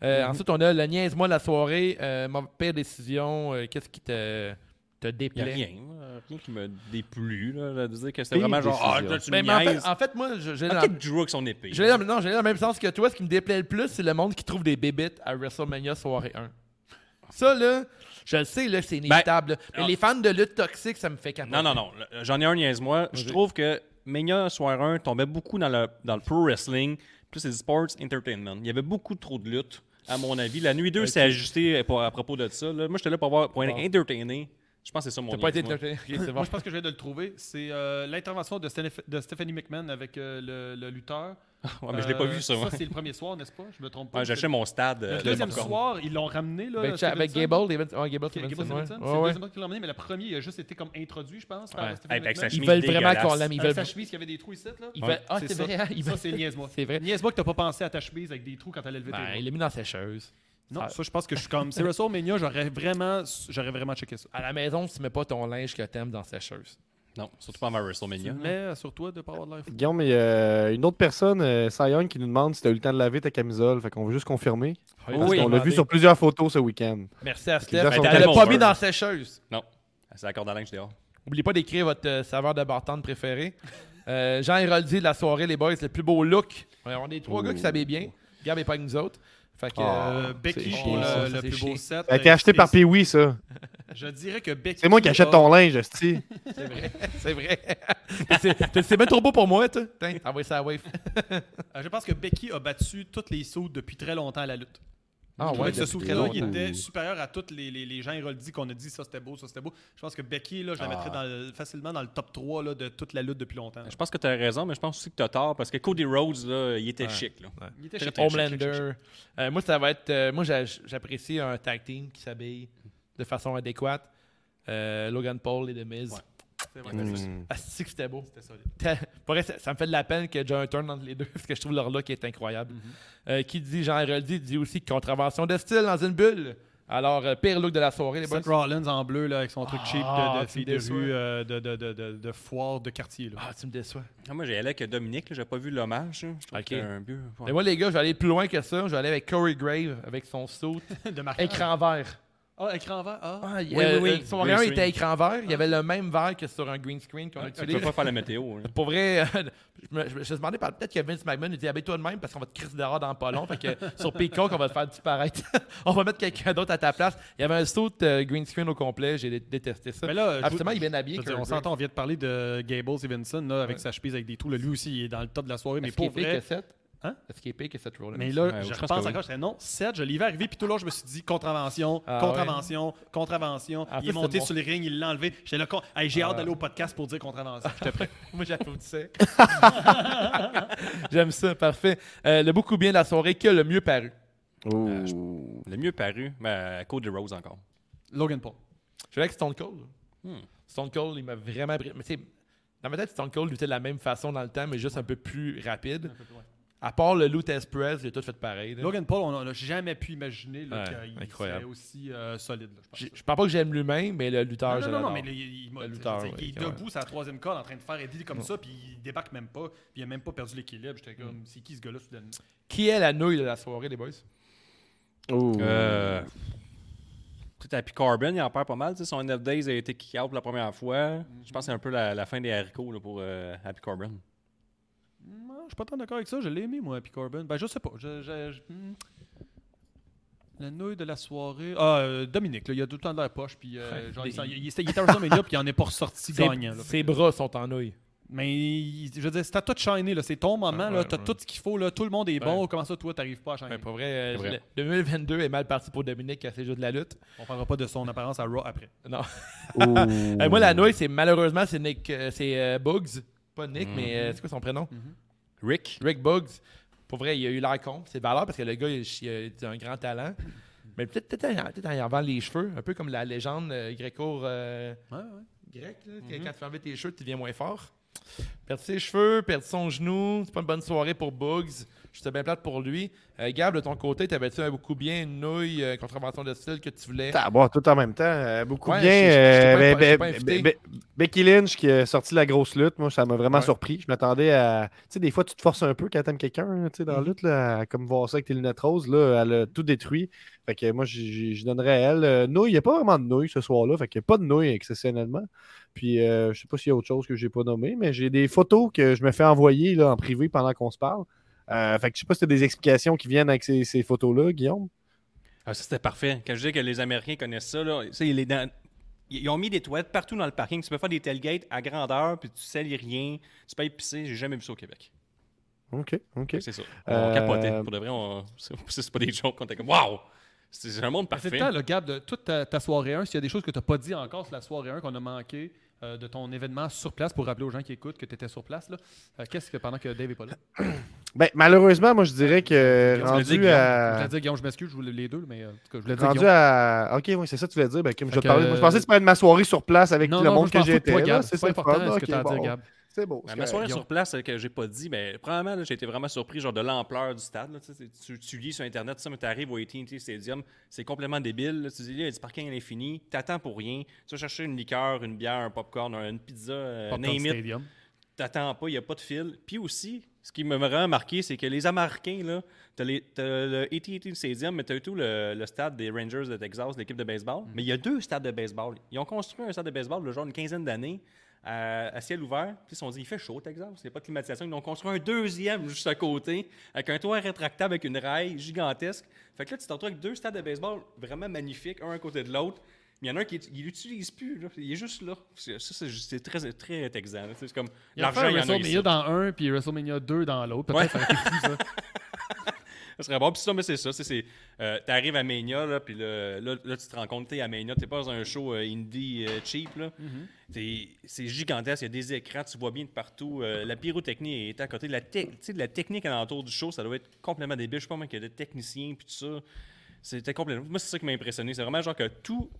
[SPEAKER 5] Mm-hmm.
[SPEAKER 3] Ensuite, on a le niaise-moi de la soirée, euh, ma pire décision, euh, qu'est-ce qui te, te
[SPEAKER 5] Il n'y
[SPEAKER 3] déplaît?
[SPEAKER 5] a rien, euh, rien qui me déplut. Là, de dire que c'était
[SPEAKER 6] Pire
[SPEAKER 5] vraiment genre, ah,
[SPEAKER 6] décision.
[SPEAKER 5] là, tu me
[SPEAKER 3] Ben, Mais, mais en,
[SPEAKER 5] niaises.
[SPEAKER 3] fait, en fait, moi, je- j'ai
[SPEAKER 5] Ah,
[SPEAKER 3] dans-
[SPEAKER 5] peut-être Drew avec son épée.
[SPEAKER 3] Je l'ai dans, non, je l'ai dans le même sens que toi. Ce qui me déplaît le plus, c'est le monde qui trouve des bébites à WrestleMania soirée 1. Ça, là, je le sais, là, c'est inévitable. là. mais
[SPEAKER 5] Ben, non.
[SPEAKER 3] les fans de lutte toxique, ça me fait capoter.
[SPEAKER 5] Non, non, non. le- J'en ai un, niaise-moi. Je trouve que Mania Soir 1 tombait beaucoup dans le, dans le pro wrestling, plus les sports entertainment. Il y avait beaucoup trop de lutte, à mon avis. La nuit 2 s'est ajustée à, pour- à propos de ça. là. Moi, j'étais là pour, voir, pour être entertainé. Je pense que c'est ça mon
[SPEAKER 3] T'as pas été
[SPEAKER 5] niaise-moi.
[SPEAKER 3] Ok, c'est bon.
[SPEAKER 4] Moi, je pense que je viens de le trouver. C'est euh, l'intervention de, Stéph- de Stephanie McMahon avec euh, le, le lutteur.
[SPEAKER 5] Ouais, Ah, mais je l'ai pas
[SPEAKER 4] Euh,
[SPEAKER 5] vu, ça. moi.
[SPEAKER 4] Ça, c'est le premier soir, n'est-ce pas? Je me trompe pas.
[SPEAKER 5] Ouais, J'ai acheté mon stade. euh,
[SPEAKER 4] Le
[SPEAKER 5] de
[SPEAKER 4] deuxième
[SPEAKER 5] popcorn.
[SPEAKER 4] soir, ils l'ont ramené. Là,
[SPEAKER 3] Avec, avec
[SPEAKER 4] Stevenson.
[SPEAKER 3] Ben, Gable, Evans- ouais, Gable,
[SPEAKER 4] Ok, Gable
[SPEAKER 3] Stevenson, ouais.
[SPEAKER 4] Stevenson, c'est
[SPEAKER 3] Ouais,
[SPEAKER 4] le
[SPEAKER 3] ouais.
[SPEAKER 4] deuxième fois qu'il l'a emmené, mais le premier, il a juste été comme introduit, je pense, par
[SPEAKER 3] Ouais.
[SPEAKER 4] Stephanie
[SPEAKER 5] Avec sa
[SPEAKER 4] McMahon.
[SPEAKER 5] chemise.
[SPEAKER 3] Ils veulent vraiment
[SPEAKER 5] dégueulasse.
[SPEAKER 3] qu'on l'aime. Ils
[SPEAKER 4] Avec
[SPEAKER 3] veulent...
[SPEAKER 4] Euh, sa chemise, il y avait des trous ici, là.
[SPEAKER 3] ils veulent- Ah,
[SPEAKER 4] Ouais,
[SPEAKER 3] c'est
[SPEAKER 4] ça.
[SPEAKER 3] vrai. hein, Ils
[SPEAKER 4] Ça,
[SPEAKER 3] veulent...
[SPEAKER 4] c'est niaise-moi.
[SPEAKER 3] C'est vrai.
[SPEAKER 4] Niaise-moi que t'as pas pensé à ta chemise avec des trous quand t'allais lever tes
[SPEAKER 3] Ben,
[SPEAKER 4] bras.
[SPEAKER 3] il Ah. est mis dans la sécheuse.
[SPEAKER 4] Non, ça, je pense que je suis comme. C'est WrestleMania, j'aurais vraiment, j'aurais vraiment checké ça.
[SPEAKER 3] À la maison, tu mets pas ton linge que t'aimes dans la sécheuse.
[SPEAKER 5] Non, surtout pas à ma WrestleMania.
[SPEAKER 4] Mais euh, sur toi de pas avoir de l'air fou.
[SPEAKER 6] Guillaume, il y a une autre personne, euh, Cy Young, qui nous demande si tu as eu le temps de laver ta camisole. Fait qu'on veut juste confirmer. Parce
[SPEAKER 3] Oui,
[SPEAKER 6] qu'on l'a
[SPEAKER 3] demandez.
[SPEAKER 6] vu sur plusieurs photos ce week-end.
[SPEAKER 3] Merci à Steph.
[SPEAKER 6] gens
[SPEAKER 3] Elle
[SPEAKER 6] sont
[SPEAKER 3] l'a
[SPEAKER 5] tellement
[SPEAKER 3] pas mis
[SPEAKER 5] over.
[SPEAKER 3] dans la sécheuse.
[SPEAKER 5] Non. Ah, C'est la corde à linge dehors.
[SPEAKER 3] N'oubliez pas d'écrire votre euh, saveur de bartende préférée. Euh, Jean Héroldi de la soirée, les boys, le plus beau look. Ouais, on est trois gars qui s'habillent bien. Gab et pas que nous autres. Fait que,
[SPEAKER 6] Ah.
[SPEAKER 3] euh,
[SPEAKER 4] Euh, Becky
[SPEAKER 6] c'est
[SPEAKER 4] pour
[SPEAKER 3] chiant, ça,
[SPEAKER 4] le,
[SPEAKER 3] ça,
[SPEAKER 4] le
[SPEAKER 3] c'est
[SPEAKER 4] plus beau
[SPEAKER 3] chiant.
[SPEAKER 4] set. euh,
[SPEAKER 6] Ça a été acheté par Pee-Wee, ça.
[SPEAKER 4] Je dirais que Becky.
[SPEAKER 6] C'est moi qui achète ton linge, Esti.
[SPEAKER 3] c'est vrai. C'est- c'est- c'est bien trop beau pour moi, toi. Tiens, envoie ça à Wave.
[SPEAKER 4] Euh, je pense que Becky a battu toutes les sauts depuis très longtemps à la lutte.
[SPEAKER 3] Ah
[SPEAKER 4] Je trouvais
[SPEAKER 3] ouais,
[SPEAKER 4] que ce
[SPEAKER 3] depuis
[SPEAKER 4] soufflet-là, il
[SPEAKER 3] longtemps.
[SPEAKER 4] était supérieur à tous les, les, les gens Héroldi qu'on a dit ça c'était beau, ça c'était beau. Je pense que Becky, là, je la
[SPEAKER 5] Ah.
[SPEAKER 4] mettrais dans le- facilement dans le top 3 là, de toute la lutte depuis longtemps.
[SPEAKER 5] Je pense que tu as raison, mais je pense aussi que tu as tort parce que Cody Rhodes, là, il était chic. Là.
[SPEAKER 4] Il était
[SPEAKER 3] Très
[SPEAKER 4] chez- chez- chez-
[SPEAKER 3] Homelander. Euh, moi, ça va être. euh, moi, j'a- j'apprécie un tag team qui s'habille de façon adéquate. Euh, Logan Paul et The Miz.
[SPEAKER 5] Ouais.
[SPEAKER 4] chez-
[SPEAKER 3] Ah, c'est que c'était beau.
[SPEAKER 4] C'était solide.
[SPEAKER 3] Tel- Pour vrai, ça, ça me fait de la peine que j'ai un turn entre les deux parce que je trouve leur look est incroyable. Euh, qui dit Jean Héroldi dit aussi contravention de style dans une bulle. Alors, euh, pire look de la soirée, les boys.
[SPEAKER 4] Seth Rollins en bleu là, avec son truc cheap de,
[SPEAKER 3] Ah,
[SPEAKER 4] de
[SPEAKER 3] tu
[SPEAKER 4] fille
[SPEAKER 3] me
[SPEAKER 4] de
[SPEAKER 3] déçois.
[SPEAKER 4] rue, euh, de, de, de, de, de foire de quartier. Là.
[SPEAKER 3] Ah, tu me déçois.
[SPEAKER 5] Ah, Moi, j'ai allé avec Dominique, là, j'ai pas vu l'hommage. là. Je trouve
[SPEAKER 3] Ok.
[SPEAKER 5] qu'il y a un but. ouais.
[SPEAKER 3] Mais moi, les gars, je vais aller plus loin que ça. Je vais aller avec Corey Grave avec son saut
[SPEAKER 4] de marquage.
[SPEAKER 3] écran vert.
[SPEAKER 4] Ah, écran vert. Ah.
[SPEAKER 3] Ah, il-
[SPEAKER 5] Oui,
[SPEAKER 3] euh,
[SPEAKER 5] oui, oui.
[SPEAKER 3] euh, Son
[SPEAKER 5] Green
[SPEAKER 3] rayon
[SPEAKER 5] screen.
[SPEAKER 3] était écran vert. Il y avait le même vert que sur un green screen qu'on
[SPEAKER 5] Ah, Tu
[SPEAKER 3] utilise.
[SPEAKER 5] peux pas faire la météo. hein. là.
[SPEAKER 3] Pour vrai, euh, je me, je me- je me demandais par- peut-être que Vince McMahon il dit habille-toi de même parce qu'on va te crisser dehors dans pas long. Fait que sur Peacock, on va te faire disparaître. on va mettre quelqu'un d'autre à ta place. Il y avait un saut euh, green screen au complet. J'ai dé- détesté ça.
[SPEAKER 4] Mais là, je-
[SPEAKER 3] Ah, Absolument, il vient
[SPEAKER 4] je
[SPEAKER 3] habillé.
[SPEAKER 4] veux dire, on s'entend, on vient de parler de Gables et Vincent là, avec sa chemise avec des trous. Là, lui aussi, il est dans le top de la soirée, mais
[SPEAKER 3] Est-ce qu'il
[SPEAKER 4] pour
[SPEAKER 3] est pire
[SPEAKER 4] vrai.
[SPEAKER 3] que Seth?
[SPEAKER 4] Hein?
[SPEAKER 3] Est-ce qu'il est pire que Seth Rollins?
[SPEAKER 4] Mais là,
[SPEAKER 5] Ouais,
[SPEAKER 4] je
[SPEAKER 5] je pense
[SPEAKER 4] repense
[SPEAKER 5] que
[SPEAKER 4] encore, je disais non, 7, je l'ai vu arriver, puis tout le long, je me suis dit contravention,
[SPEAKER 3] Ah,
[SPEAKER 4] contravention, contravention.
[SPEAKER 3] Ah,
[SPEAKER 4] il
[SPEAKER 3] ça,
[SPEAKER 4] est
[SPEAKER 3] c'est
[SPEAKER 4] monté
[SPEAKER 3] bon.
[SPEAKER 4] sur les rings, il l'a enlevé. J'étais là, con- Hey, j'ai
[SPEAKER 3] Ah.
[SPEAKER 4] hâte d'aller au podcast pour dire contravention. J'étais prêt.
[SPEAKER 3] Moi, j'applaudissais. J'aime ça, parfait. Euh, le beaucoup bien de la soirée que le mieux paru.
[SPEAKER 5] Le mieux paru, ben, Cody Rhodes encore.
[SPEAKER 4] Logan Paul.
[SPEAKER 3] Je suis avec Stone Cold.
[SPEAKER 5] Hmm.
[SPEAKER 3] Stone Cold, il m'a vraiment. bri- Mais tu sais, dans ma tête, Stone Cold luttait de la même façon dans le temps, mais juste un peu plus rapide. À part le Loot Express, j'ai tout fait pareil. là.
[SPEAKER 4] Logan Paul, on n'a jamais pu imaginer là,
[SPEAKER 3] Ouais,
[SPEAKER 4] qu'il serait
[SPEAKER 3] incroyable.
[SPEAKER 4] aussi euh, solide. là, je pense.
[SPEAKER 3] J'ai- Je parle pas que j'aime l'humain, mais le lutteur,
[SPEAKER 4] Non,
[SPEAKER 3] je
[SPEAKER 4] non, non, non,
[SPEAKER 3] l'adore.
[SPEAKER 4] mais le- il, il m'a-
[SPEAKER 3] Le
[SPEAKER 4] je veux
[SPEAKER 3] lutteur,
[SPEAKER 4] dire,
[SPEAKER 3] oui,
[SPEAKER 4] il est
[SPEAKER 3] ouais.
[SPEAKER 4] debout sur la troisième corde en train de faire Eddie comme ça, puis il débarque même pas, puis il a même pas perdu l'équilibre. J'étais comme,
[SPEAKER 3] Mm.
[SPEAKER 4] c'est qui ce gars-là soudainement
[SPEAKER 3] Qui est la nouille de la soirée, les boys
[SPEAKER 5] Euh, tout à puis Carbon, il en perd pas mal. tu sais, Son 9 Days a été kick out pour la première fois.
[SPEAKER 3] Mm-hmm.
[SPEAKER 5] Je pense que c'est un peu la, la fin des haricots là, pour euh, Happy Corbin.
[SPEAKER 4] Non, je suis pas tant d'accord avec ça, je l'ai aimé moi, puis Corbin. Ben, je sais pas. Je, je- je- hmm. La nouille de la soirée. Ah, euh, Dominique, là, il a tout le temps de la poche, puis euh, genre, il, s'en- il- il était il était à WrestleMania, puis il en est pas ressorti
[SPEAKER 3] Ses-
[SPEAKER 4] gagnant. là.
[SPEAKER 3] Ses bras sont en nouille.
[SPEAKER 8] Mais il- je veux dire, c'est à toi de shiner, là. c'est ton moment,
[SPEAKER 3] Ouais,
[SPEAKER 8] là.
[SPEAKER 3] ouais,
[SPEAKER 8] t'as
[SPEAKER 3] ouais.
[SPEAKER 8] tout ce qu'il faut, là. tout le monde est bon.
[SPEAKER 3] Ouais.
[SPEAKER 8] Comment ça, toi, t'arrives pas à shiner?
[SPEAKER 3] Ouais, pour vrai, euh,
[SPEAKER 5] C'est vrai.
[SPEAKER 3] le- 2022 est mal parti pour Dominique à ses jeux de la lutte.
[SPEAKER 8] On parlera pas de son apparence à Raw après.
[SPEAKER 3] Non.
[SPEAKER 6] Ouh.
[SPEAKER 3] Euh, moi, la nouille, c'est malheureusement, c'est Nick, euh, c'est euh, Bugs. Pas Nick, mais euh, c'est quoi son prénom?
[SPEAKER 5] Rick.
[SPEAKER 3] Rick Bugs. Pour vrai, il a eu l'air con. C'est de valeur parce que le gars, il, il a- il a un grand talent. Mais peut-être peut-être en- peut-être en y enlevant les cheveux, un peu comme la légende euh, gréco euh,
[SPEAKER 8] Ouais, ouais.
[SPEAKER 3] grecque. là, que Quand tu enlèves tes cheveux, tu deviens moins fort. Perdre ses cheveux, perdre son genou. C'est pas une bonne soirée pour Bugs. J'étais bien plate pour lui. Euh, Gab, de ton côté, t'avais-tu un beaucoup bien une nouille, euh, contravention de style que tu voulais?
[SPEAKER 6] Ah, bon, tout en même temps, euh, beaucoup
[SPEAKER 3] Ouais,
[SPEAKER 6] bien.
[SPEAKER 3] je- je- je t'ai
[SPEAKER 6] euh,
[SPEAKER 3] pas-
[SPEAKER 6] ben,
[SPEAKER 3] je t'ai
[SPEAKER 6] ben,
[SPEAKER 3] pas invité.
[SPEAKER 6] ben, ben, Becky Lynch qui a sorti la grosse lutte, moi, ça m'a vraiment
[SPEAKER 3] Ouais.
[SPEAKER 6] surpris. Je m'attendais à. Tu sais, des fois, tu te forces un peu quand t'aimes quelqu'un hein, tu sais, dans
[SPEAKER 3] Mhm.
[SPEAKER 6] la lutte, là, à comme voir ça avec tes lunettes roses. Là, elle a tout détruit. Fait que moi, j- j- je donnerais à elle. Euh, nouilles, il n'y a pas vraiment de nouilles ce soir-là. Fait qu'il n'y a pas de nouilles exceptionnellement. Puis, euh, je sais pas s'il y a autre chose que j'ai pas nommé, mais j'ai des photos que je me fais envoyer là, en privé pendant qu'on se parle. Euh, fait que je sais pas si t'as des explications qui viennent avec ces, ces photos-là, Guillaume.
[SPEAKER 5] Ah, ça, c'était parfait. Quand je dis que les Américains connaissent ça, là, tu sais, les dans- ils ils ont mis des toilettes partout dans le parking. Tu peux faire des tailgates à grandeur, puis tu salis rien. Tu peux pisser. J'ai jamais vu ça au Québec.
[SPEAKER 6] OK, OK.
[SPEAKER 5] Fait que C'est ça. On
[SPEAKER 6] Euh,
[SPEAKER 5] capotait. Pour de vrai, on... c'est c'est pas des jokes. On était comme, waouh! C'est un monde
[SPEAKER 8] C'est
[SPEAKER 5] parfait.
[SPEAKER 8] le temps, le Gab, de toute ta, ta soirée 1, s'il y a des choses que tu n'as pas dit encore sur la soirée 1 qu'on a manqué euh, de ton événement sur place pour rappeler aux gens qui écoutent que tu étais sur place, là. Euh, qu'est-ce que pendant que Dave n'est pas là?
[SPEAKER 6] Ben, malheureusement, moi, je dirais que
[SPEAKER 8] Guillaume,
[SPEAKER 5] tu l'as dit,
[SPEAKER 6] rendu
[SPEAKER 5] Guillaume.
[SPEAKER 8] Je voulais
[SPEAKER 6] à.
[SPEAKER 8] dire, Guillaume, je m'excuse, je voulais les deux, mais euh, en tout cas, je voulais dire.
[SPEAKER 6] Euh. Rendu
[SPEAKER 8] Guillaume.
[SPEAKER 6] à. Ok, oui, c'est ça que tu voulais dire. Ben, Kim, je vais te
[SPEAKER 8] que-
[SPEAKER 6] parler. Moi, je pensais que tu parlais de ma soirée sur place avec
[SPEAKER 8] Non,
[SPEAKER 6] le
[SPEAKER 8] non,
[SPEAKER 6] monde
[SPEAKER 8] je m'en
[SPEAKER 6] que
[SPEAKER 8] fous de
[SPEAKER 6] j'étais.
[SPEAKER 8] toi,
[SPEAKER 6] là.
[SPEAKER 8] Gab.
[SPEAKER 6] C'est
[SPEAKER 8] C'est pas
[SPEAKER 6] ça le
[SPEAKER 8] important
[SPEAKER 6] fun.
[SPEAKER 8] ce que
[SPEAKER 6] Ok,
[SPEAKER 8] tu as à dire,
[SPEAKER 6] bon.
[SPEAKER 8] Gab.
[SPEAKER 6] C'est beau. c'est
[SPEAKER 5] Ben, ma
[SPEAKER 6] correct.
[SPEAKER 5] soirée sur place, euh, que j'ai pas dit, ben, premièrement, là, j'ai été vraiment surpris genre, de l'ampleur du stade. là, tu, sais, tu- tu lis sur Internet, ça, mais t'arrives au AT&T Stadium, c'est complètement débile. là, tu dis, là, il y a du parking à l'infini, t'attends pour rien. Tu vas chercher une liqueur, une bière, un popcorn, une pizza, euh,
[SPEAKER 8] Popcorn
[SPEAKER 5] name it,
[SPEAKER 8] Stadium.
[SPEAKER 5] t'attends pas, il n'y a pas de fil. Puis aussi, ce qui m'a vraiment marqué, c'est que les Américains, là, t'as, les- t'as le AT&T Stadium, mais t'as tout le, le stade des Rangers de Texas, l'équipe de baseball. Mais il y a deux stades de baseball. Ils ont construit un stade de baseball, le genre une quinzaine d'années, à, à ciel ouvert. Puis ils se sont dit, il fait chaud au Texas, il n'y a pas de climatisation. Ils en ont construit un deuxième juste à côté, avec un toit rétractable, avec une rail gigantesque. Fait que là, tu te retrouves avec deux stades de baseball vraiment magnifiques, un à côté de l'autre. Mais il y en a un qui il l'utilise plus, là. il est juste là. C'est- Ça, c'est, juste- c'est très, très texan. là. C'est comme
[SPEAKER 8] Il y a
[SPEAKER 5] l'argent, il y en a ici.
[SPEAKER 8] WrestleMania dans un, puis WrestleMania 2 dans l'autre. Peut-être ça aurait été fou, ça.
[SPEAKER 5] Ça serait bon. Puis ça, mais c'est ça. c'est- c'est, euh, T'arrives à Mania, là, puis là, là, là, tu te rends compte, t'es à Mania, t'es pas dans un show euh, indie euh, cheap, là.
[SPEAKER 8] Mm-hmm.
[SPEAKER 5] T'es- C'est gigantesque, il y a des écrans, tu vois bien de partout. euh, la pyrotechnie est à côté. La, tec- tu sais, la technique alentour du show, ça doit être complètement débile. Je sais pas moi, qu'il y a des techniciens, puis tout ça. C'était complètement. Moi, c'est ça qui m'a impressionné. C'est vraiment genre que tout,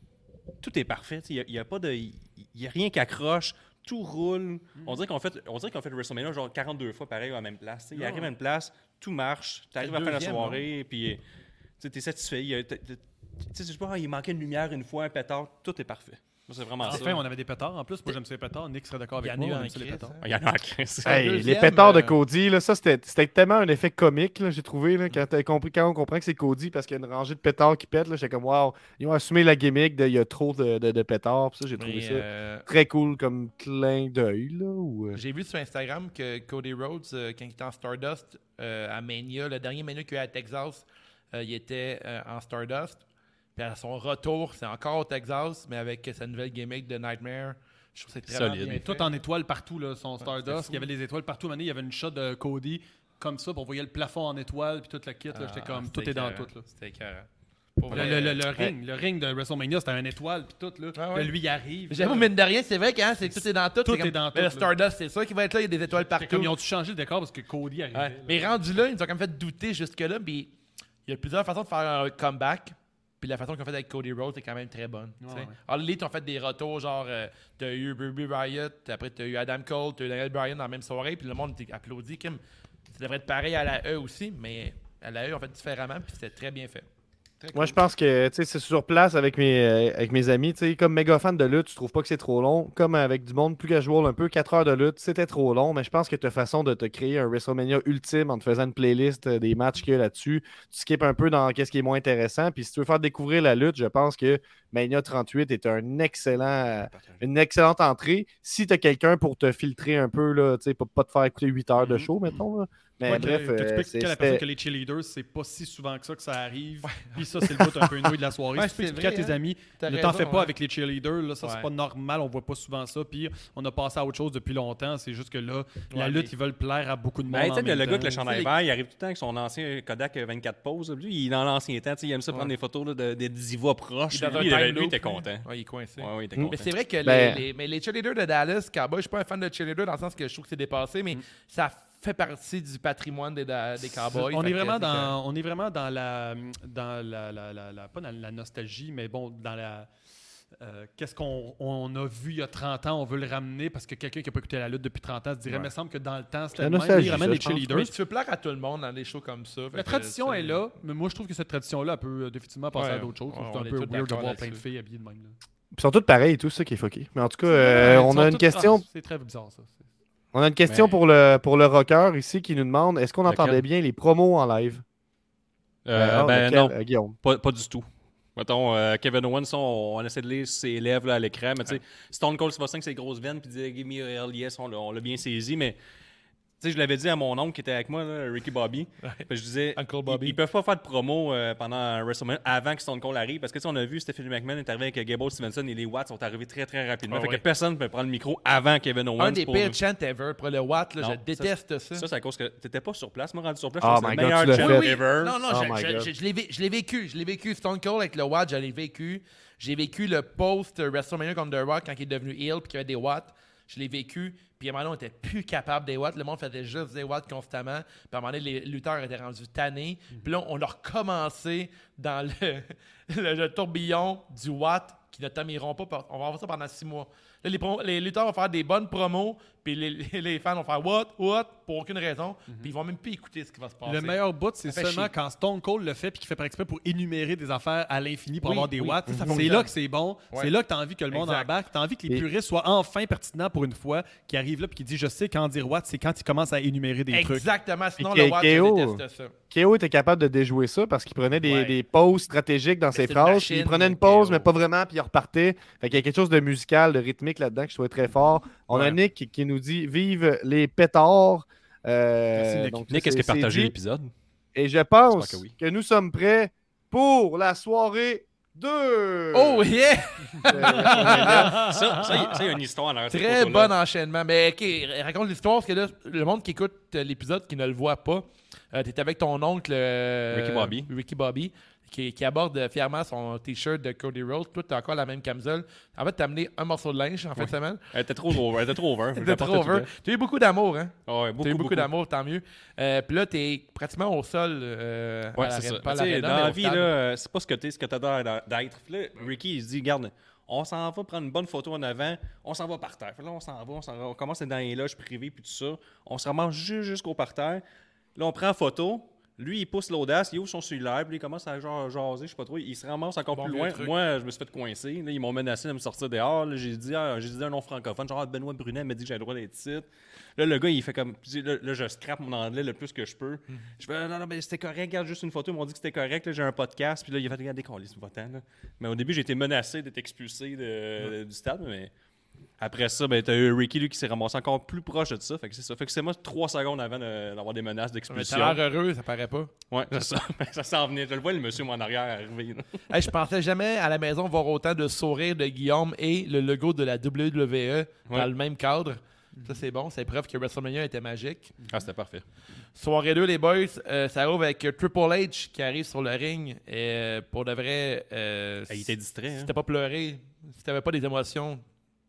[SPEAKER 5] tout est parfait. tu sais, Il n'y a, il y a pas de. Il n'y a rien qui accroche. Tout roule. On dirait qu'on fait, on dirait qu'on fait le WrestleMania genre 42 fois pareil à la même place. tu sais. Il arrive à une place, tout marche. Tu arrives à faire la
[SPEAKER 3] deuxième,
[SPEAKER 5] soirée, puis euh, tu es satisfait. il y a- t'as- t'as- Tu sais, je sais pas, ah, il manquait une lumière une fois, un pétard, tout est parfait. Moi, c'est vraiment ça.
[SPEAKER 8] Enfin, on avait des pétards en plus. Moi, j'aime ça les pétards. Nick serait d'accord
[SPEAKER 3] Il y
[SPEAKER 8] avec
[SPEAKER 3] en a
[SPEAKER 8] moi.
[SPEAKER 4] Oh,
[SPEAKER 3] eu
[SPEAKER 8] on
[SPEAKER 3] en
[SPEAKER 8] aime ça, les
[SPEAKER 3] crise,
[SPEAKER 8] pétards.
[SPEAKER 3] hein.
[SPEAKER 5] Ah, Il y en a en crise.
[SPEAKER 6] Hey, les
[SPEAKER 3] Deuxième,
[SPEAKER 6] pétards de
[SPEAKER 3] euh,
[SPEAKER 6] Cody, là, ça c'était c'était tellement un effet comique, là, j'ai trouvé, là, quand, t'as compris, quand on comprend que c'est Cody parce qu'il y a une rangée de pétards qui pètent, là, j'étais comme wow, ils ont assumé la gimmick de il y a trop de, de- de pétards, puis ça j'ai trouvé
[SPEAKER 3] Mais,
[SPEAKER 6] ça
[SPEAKER 3] euh,
[SPEAKER 6] très cool comme clin d'œil. là, ou, euh,
[SPEAKER 3] J'ai vu sur Instagram que Cody Rhodes, euh, quand il était en Stardust euh, à Mania, le dernier Mania qu'il y a eu à Texas, euh, il était euh, en Stardust. Puis à son retour, c'est encore au Texas, mais avec euh, sa nouvelle gimmick de Nightmare. Je trouve que c'est très
[SPEAKER 5] Solide.
[SPEAKER 3] bien
[SPEAKER 5] Mais
[SPEAKER 8] Mais
[SPEAKER 3] fait.
[SPEAKER 8] tout en étoiles partout, là, son
[SPEAKER 3] c'était
[SPEAKER 8] Stardust.
[SPEAKER 3] fou.
[SPEAKER 8] Il y avait des étoiles partout. Mané, il y avait une shot de Cody comme ça, puis on voyait le plafond en étoiles, puis toute la kit. là.
[SPEAKER 3] Ah,
[SPEAKER 8] J'étais comme,
[SPEAKER 3] c'était
[SPEAKER 8] tout est dans
[SPEAKER 3] écœurant.
[SPEAKER 8] tout. Là.
[SPEAKER 3] C'était écœurant. Pour
[SPEAKER 8] Le,
[SPEAKER 3] vrai,
[SPEAKER 8] le- le-
[SPEAKER 3] euh,
[SPEAKER 8] le ring, le ring de WrestleMania, c'était une étoile, puis tout. Là.
[SPEAKER 3] Ah ouais.
[SPEAKER 8] Là, lui, il arrive.
[SPEAKER 3] J'avoue,
[SPEAKER 8] là.
[SPEAKER 3] mine de rien, c'est vrai que hein, c'est- tout est dans tout.
[SPEAKER 8] Tout
[SPEAKER 3] c'est comme-
[SPEAKER 8] est dans
[SPEAKER 3] mais Le
[SPEAKER 8] tout, là.
[SPEAKER 3] Stardust, c'est ça qui va être là, il y a des étoiles
[SPEAKER 8] C'est comme,
[SPEAKER 3] partout.
[SPEAKER 8] ils ont dû changer le décor parce que Cody arrivait.
[SPEAKER 3] Ouais.
[SPEAKER 8] là.
[SPEAKER 3] Mais rendu là, ils nous ont comme fait douter jusque-là. Puis il y a plusieurs façons de faire un comeback. Puis la façon qu'ils ont fait avec Cody Rhodes est quand même très bonne. tu sais.
[SPEAKER 8] ouais.
[SPEAKER 3] Alors, les ils ont fait des retours, genre, euh, t'as eu Ruby Riot, après t'as eu Adam Cole, t'as eu Daniel Bryan dans la même soirée, puis le monde t'a applaudi. Kim. Ça devrait être pareil à la E aussi, mais à la E, on fait différemment, puis c'était très bien fait.
[SPEAKER 6] Moi, je pense que tu sais, c'est sur place avec mes, euh, avec mes amis. tu sais, Comme méga fan de lutte, tu trouves pas que c'est trop long. Comme avec du monde plus casual, un peu 4 heures de lutte, c'était trop long. Mais je pense que ta façon de te créer un WrestleMania ultime en te faisant une playlist euh, des matchs qu'il y a là-dessus, tu skippes un peu dans qu'est-ce qui est moins intéressant. Puis si tu veux faire découvrir la lutte, je pense que Mania 38 est un excellent, euh, une excellente entrée. Si tu as quelqu'un pour te filtrer un peu, là, tu sais, pour pas te faire écouter 8 heures de show, mettons, là, Mais
[SPEAKER 4] Mm-hmm. Ouais, que-
[SPEAKER 6] bref,
[SPEAKER 4] que tu
[SPEAKER 6] euh,
[SPEAKER 4] piques
[SPEAKER 6] c'est-
[SPEAKER 4] que la personne
[SPEAKER 6] c'était-
[SPEAKER 4] que les cheerleaders, c'est pas si souvent que ça que ça arrive. Puis ça, c'est le bout un peu noué de la soirée.
[SPEAKER 3] Ouais,
[SPEAKER 4] si tu peux
[SPEAKER 3] c'est
[SPEAKER 4] expliquer
[SPEAKER 3] vrai,
[SPEAKER 4] à tes
[SPEAKER 3] hein.
[SPEAKER 4] amis,
[SPEAKER 3] T'as
[SPEAKER 4] ne t'en
[SPEAKER 3] raison,
[SPEAKER 4] fais pas
[SPEAKER 3] ouais.
[SPEAKER 4] avec les cheerleaders, là, ça
[SPEAKER 3] Ouais.
[SPEAKER 4] c'est pas normal, on voit pas souvent ça. Puis on a passé à autre chose depuis longtemps. C'est juste que là, la
[SPEAKER 3] Ouais,
[SPEAKER 4] lutte,
[SPEAKER 3] mais-
[SPEAKER 4] ils veulent plaire à beaucoup de monde.
[SPEAKER 5] Ben, tu sais,
[SPEAKER 4] en
[SPEAKER 5] le
[SPEAKER 4] même
[SPEAKER 5] le gars
[SPEAKER 4] temps.
[SPEAKER 5] avec le chandail
[SPEAKER 3] les-
[SPEAKER 5] vert, il arrive tout le temps avec son ancien Kodak 24 poses. Lui, il est dans l'ancien temps. tu sais, Il aime ça prendre des photos là, de, des divas proches. Lui, il avait- lui, il était content.
[SPEAKER 3] Ouais, il est coincé.
[SPEAKER 5] Ouais, ouais, il était
[SPEAKER 6] Mm.
[SPEAKER 5] content.
[SPEAKER 3] Mais c'est vrai que les-
[SPEAKER 6] Ben-
[SPEAKER 3] les, mais les cheerleaders de Dallas, Cowboys, je suis pas un fan de cheerleaders dans le sens que je trouve que c'est dépassé,
[SPEAKER 4] Mm.
[SPEAKER 3] mais ça fait partie du patrimoine des, da- des Cowboys.
[SPEAKER 4] On
[SPEAKER 3] Fait
[SPEAKER 4] est,
[SPEAKER 3] que
[SPEAKER 4] vraiment
[SPEAKER 3] c'est
[SPEAKER 4] dans, on est vraiment dans la. Dans la, la, la- la- pas dans la nostalgie, mais bon, dans la. euh, Qu'est-ce qu'on on a vu il y a 30 ans, on veut le ramener parce que quelqu'un qui n'a pas écouté la lutte depuis 30 ans se dirait, mais il me semble que dans le temps, c'était
[SPEAKER 6] La
[SPEAKER 4] le même.
[SPEAKER 6] nostalgie,
[SPEAKER 4] Ils ramènent
[SPEAKER 6] ça,
[SPEAKER 4] les
[SPEAKER 6] je pense.
[SPEAKER 3] que-
[SPEAKER 4] cheerleaders.
[SPEAKER 3] Oui, tu veux plaire à tout le monde dans des shows comme ça. fait
[SPEAKER 4] La
[SPEAKER 3] que
[SPEAKER 4] tradition
[SPEAKER 3] c'est-
[SPEAKER 4] est là, mais moi je trouve que cette tradition-là elle peut euh, définitivement passer à
[SPEAKER 3] Ouais,
[SPEAKER 4] d'autres choses. Je trouve
[SPEAKER 3] on-
[SPEAKER 4] que
[SPEAKER 3] on
[SPEAKER 4] c'est
[SPEAKER 3] est
[SPEAKER 4] un peu
[SPEAKER 3] tous
[SPEAKER 4] weird de
[SPEAKER 3] d'accord
[SPEAKER 4] voir plein de
[SPEAKER 3] là-dessus.
[SPEAKER 4] filles habillées de même. Là.
[SPEAKER 6] Ils sont tous pareils et tout, c'est ça qui est fucké. Mais en tout cas,
[SPEAKER 4] Ouais,
[SPEAKER 6] euh,
[SPEAKER 4] ils
[SPEAKER 6] on
[SPEAKER 4] sont
[SPEAKER 6] a une
[SPEAKER 4] toutes
[SPEAKER 6] question.
[SPEAKER 4] trans, C'est très bizarre ça. C'est-
[SPEAKER 6] On a une question
[SPEAKER 5] Mais-
[SPEAKER 6] pour le pour le rocker ici qui nous demande est-ce qu'on
[SPEAKER 5] Lequel?
[SPEAKER 6] entendait bien les promos en live
[SPEAKER 5] Euh,
[SPEAKER 6] Ah,
[SPEAKER 5] ben
[SPEAKER 6] lequel,
[SPEAKER 5] non,
[SPEAKER 6] euh, Guillaume.
[SPEAKER 5] pas, pas du tout. Mettons, euh, Kevin Owens, on, on essaie de lire ses lèvres là, à l'écran, mais tu sais, Stone Cold Steve Austin, c'est grosses veines, puis disait Give me a hell yes, on l'a- on l'a bien saisi, mais tu sais, je l'avais dit à mon oncle qui était avec moi, là, Ricky Bobby. puis Je disais,
[SPEAKER 3] Uncle Bobby.
[SPEAKER 5] Ils, ils peuvent pas faire de promo euh, pendant WrestleMania avant que Stone Cold arrive, parce que tu sais, on a vu Stephanie McMahon est arrivé avec Gable Stevenson et les Watts sont arrivés très très rapidement.
[SPEAKER 3] Ah
[SPEAKER 5] fait
[SPEAKER 3] ouais.
[SPEAKER 5] que personne ne peut prendre le micro avant Kevin Owens.
[SPEAKER 3] Un des
[SPEAKER 5] pour-
[SPEAKER 3] pires chants ever pour le Watt. là,
[SPEAKER 5] Non,
[SPEAKER 3] je
[SPEAKER 5] ça,
[SPEAKER 3] déteste ça.
[SPEAKER 5] Ça, c'est à cause que t'étais pas sur place. Moi, rendu sur place,
[SPEAKER 6] Oh
[SPEAKER 5] je pense que
[SPEAKER 6] my
[SPEAKER 5] c'est
[SPEAKER 6] God,
[SPEAKER 5] le
[SPEAKER 6] tu l'as
[SPEAKER 5] meilleur
[SPEAKER 6] fait.
[SPEAKER 5] chant
[SPEAKER 6] Oui,
[SPEAKER 5] ever.
[SPEAKER 3] Non, non,
[SPEAKER 6] Oh
[SPEAKER 3] je-
[SPEAKER 6] my
[SPEAKER 3] je,
[SPEAKER 6] God.
[SPEAKER 3] je- je l'ai vé- je l'ai vécu. Je l'ai vécu Stone Cold avec le Watt, je l'ai vécu. J'ai vécu le post-WrestleMania contre The Rock quand il est devenu heel puis qu'il y avait des watts. Je l'ai vécu. Puis à un moment donné, on était plus capable des watts. Le monde faisait juste des watts constamment. Puis à un moment donné, les lutteurs étaient rendus tannés.
[SPEAKER 6] Mhm.
[SPEAKER 3] Puis là, on a recommencé dans le, le- le tourbillon du watt qui ne tamiront pas. par- On va avoir ça pendant six mois. Là, les, promos- les lutteurs vont faire des bonnes promos. Puis les, les- les fans vont faire what, what, pour aucune raison.
[SPEAKER 6] Mhm.
[SPEAKER 3] Puis ils vont même plus écouter ce qui va se passer.
[SPEAKER 4] Le meilleur bout, c'est
[SPEAKER 3] Ça fait
[SPEAKER 4] seulement
[SPEAKER 3] chier.
[SPEAKER 4] quand Stone Cold le fait puis qu'il fait par exprès pour énumérer des affaires à l'infini pour
[SPEAKER 3] Oui,
[SPEAKER 4] avoir des
[SPEAKER 3] oui,
[SPEAKER 4] watts.
[SPEAKER 3] ça, ça
[SPEAKER 4] c'est
[SPEAKER 3] fonctionne.
[SPEAKER 4] là que c'est bon. C'est
[SPEAKER 3] Ouais.
[SPEAKER 4] là que tu as envie que le monde
[SPEAKER 3] Exact.
[SPEAKER 4] embarque. Tu as envie que les
[SPEAKER 6] Et-
[SPEAKER 4] puristes soient enfin pertinents pour une fois, qui arrivent là puis qui disent Je sais quand dire watts, c'est quand ils commencent à énumérer des trucs.
[SPEAKER 3] Exactement, sinon
[SPEAKER 6] Puis
[SPEAKER 3] le Watt,
[SPEAKER 6] KO.
[SPEAKER 3] je déteste ça.
[SPEAKER 5] Euh,
[SPEAKER 6] KO était capable de déjouer ça parce qu'il prenait des,
[SPEAKER 3] Ouais.
[SPEAKER 6] des pauses stratégiques dans ses
[SPEAKER 3] c'est une
[SPEAKER 6] phrases.
[SPEAKER 3] machine,
[SPEAKER 6] il prenait une
[SPEAKER 3] KO.
[SPEAKER 6] pause, mais pas vraiment, puis il repartait. Fait qu'il y a quelque chose de musical, de rythmique là-dedans que je trouvais très fort. On a
[SPEAKER 3] Ouais.
[SPEAKER 6] Nick qui- qui nous dit Vive les pétards. Euh,
[SPEAKER 4] Merci, Nick.
[SPEAKER 6] donc ça,
[SPEAKER 5] Nick, est-ce
[SPEAKER 6] c'est-
[SPEAKER 5] que
[SPEAKER 6] c'est
[SPEAKER 5] partager
[SPEAKER 6] dit.
[SPEAKER 5] l'épisode?
[SPEAKER 6] Et je pense
[SPEAKER 5] J'espère que oui.
[SPEAKER 6] que nous sommes prêts pour la soirée 2.
[SPEAKER 3] Oh yeah!
[SPEAKER 5] ça, ça, il- ça, il y a une histoire derrière cette
[SPEAKER 3] Très
[SPEAKER 5] photo-là.
[SPEAKER 3] bon enchaînement. Mais ok, raconte l'histoire, parce que là, le monde qui écoute euh, l'épisode, qui ne le voit pas, euh, t'es avec ton oncle euh,
[SPEAKER 5] Ricky Bobby.
[SPEAKER 3] Ricky Bobby, qui, qui aborde euh, fièrement son t-shirt de Cody Rhodes. Toi, t'as encore la même camisole. En fait, t'as amené un morceau de linge en fin de semaine.
[SPEAKER 5] Elle était trop over. Elle était trop over. Je
[SPEAKER 3] T'es
[SPEAKER 5] l'apportais
[SPEAKER 3] trop
[SPEAKER 5] tout
[SPEAKER 3] over. T'as eu beaucoup d'amour, hein?
[SPEAKER 5] le temps. Ouais, beaucoup,
[SPEAKER 3] T'as eu beaucoup
[SPEAKER 5] beaucoup.
[SPEAKER 3] d'amour, tant mieux. Euh, Puis là, t'es pratiquement au sol. euh, à
[SPEAKER 5] Ouais,
[SPEAKER 3] l'arène.
[SPEAKER 5] c'est ça.
[SPEAKER 3] Pas à
[SPEAKER 5] Tu sais,
[SPEAKER 3] l'arène,
[SPEAKER 5] dans
[SPEAKER 3] mais
[SPEAKER 5] la
[SPEAKER 3] au
[SPEAKER 5] vie, là,
[SPEAKER 3] stade.
[SPEAKER 5] euh, c'est pas ce que t'es, ce que t'adores d'être. Puis là, Ricky, il se dit, regarde, on s'en va prendre une bonne photo en avant, on s'en va par terre. Fait que là, on s'en va, on s'en va. On commence à être dans les loges privées, puis tout ça. On se ramasse ju- jusqu'au parterre. Là, on prend photo. Lui, il pousse l'audace, il ouvre son cellulaire, puis il commence à genre jaser, je sais pas trop. Il se ramasse encore
[SPEAKER 3] Bon
[SPEAKER 5] plus
[SPEAKER 3] vieux
[SPEAKER 5] loin.
[SPEAKER 3] truc.
[SPEAKER 5] Moi, je me suis fait coincer. Là, ils m'ont menacé de me sortir dehors. Là, j'ai dit, ah, j'ai dit un nom francophone, genre ah, Benoît Brunet m'a dit que j'avais le droit d'être ici. Là, le gars, il fait comme. tu sais, Là, là, je scrape mon anglais le plus que je peux.
[SPEAKER 3] Hmm.
[SPEAKER 5] Je fais, Ah, non, non, mais c'était correct, regarde juste une photo. Ils m'ont dit que c'était correct. là, J'ai un podcast. Puis là, il a fait, regarde, décoller ce votant. là. Mais au début, j'ai été menacé d'être expulsé de- du stade. Mais après ça, ben, t'as eu Ricky, lui, qui s'est ramassé encore plus proche de ça. Fait que c'est ça. Fait que c'est moi trois secondes avant de- d'avoir des menaces
[SPEAKER 3] Mais
[SPEAKER 5] d'expulsion.
[SPEAKER 3] t'as l'air heureux, ça paraît pas.
[SPEAKER 5] Ouais, c'est ça. Ben, ça s'en venait. Je le vois, le monsieur, moi, en arrière, arriver. là.
[SPEAKER 3] Hey, je pensais jamais à la maison voir autant de sourires de Guillaume et le logo de la WWE dans
[SPEAKER 5] Ouais.
[SPEAKER 3] le même cadre. Ça, c'est bon. C'est preuve que WrestleMania était magique.
[SPEAKER 5] Ah, c'était parfait.
[SPEAKER 3] Soirée 2, les boys, euh, ça ouvre avec euh, Triple H qui arrive sur le ring. Et, euh, pour de vrai, euh,
[SPEAKER 5] il était distrait.
[SPEAKER 3] si
[SPEAKER 5] Hein?
[SPEAKER 3] t'as pas pleuré, si t'avais pas des émotions,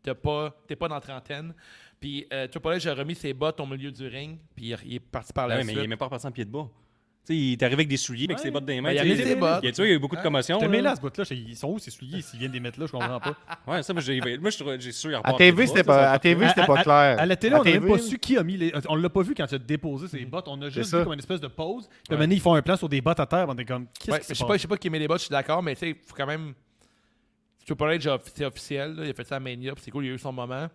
[SPEAKER 3] t'es pas, t'es pas dans la trentaine. Puis euh, Triple H a remis ses bottes au milieu du ring. Puis il est parti par la
[SPEAKER 5] Ah Ouais, mais
[SPEAKER 3] suite.
[SPEAKER 5] il est même pas reparti en pied de bas. Tu sais, il est arrivé avec des souliers, mais avec ses bottes des mains.
[SPEAKER 3] Ben, il a
[SPEAKER 5] tu sais,
[SPEAKER 3] mis ses bottes.
[SPEAKER 5] Il y a, tu vois, il y a eu beaucoup de commotion.
[SPEAKER 4] T'as
[SPEAKER 5] là.
[SPEAKER 6] Euh,
[SPEAKER 4] mis là ce bout-là, j'ai- ils sont où ces souliers s'ils viennent des mettre là, je comprends pas.
[SPEAKER 5] Ouais, ça, moi, j'ai moi, je trouvais- j'ai sûr. il
[SPEAKER 6] À
[SPEAKER 5] repart en pied
[SPEAKER 6] TV,
[SPEAKER 5] de
[SPEAKER 6] c'était
[SPEAKER 5] bas,
[SPEAKER 6] pas,
[SPEAKER 5] ça,
[SPEAKER 6] à TV,
[SPEAKER 4] À-
[SPEAKER 6] c'était pas
[SPEAKER 4] à-
[SPEAKER 6] clair.
[SPEAKER 4] À la télé, on n'a
[SPEAKER 6] TV,
[SPEAKER 4] même pas su qui a mis les. On l'a pas vu quand tu as déposé ses bottes. On a juste
[SPEAKER 6] Mhm. ça.
[SPEAKER 4] vu comme une espèce de pause. Puis à un moment donné, ils font un plan sur des bottes à terre. On est comme, qu'est-ce
[SPEAKER 3] Ouais,
[SPEAKER 4] qui
[SPEAKER 3] je
[SPEAKER 4] se
[SPEAKER 3] sais pas, je
[SPEAKER 4] passe?
[SPEAKER 3] sais pas qui met les bottes, je suis d'accord, mais tu sais, faut quand même. Triple H, a- c'est officiel, là, il a fait ça à Mania, puis c'est cool, il a eu son moment.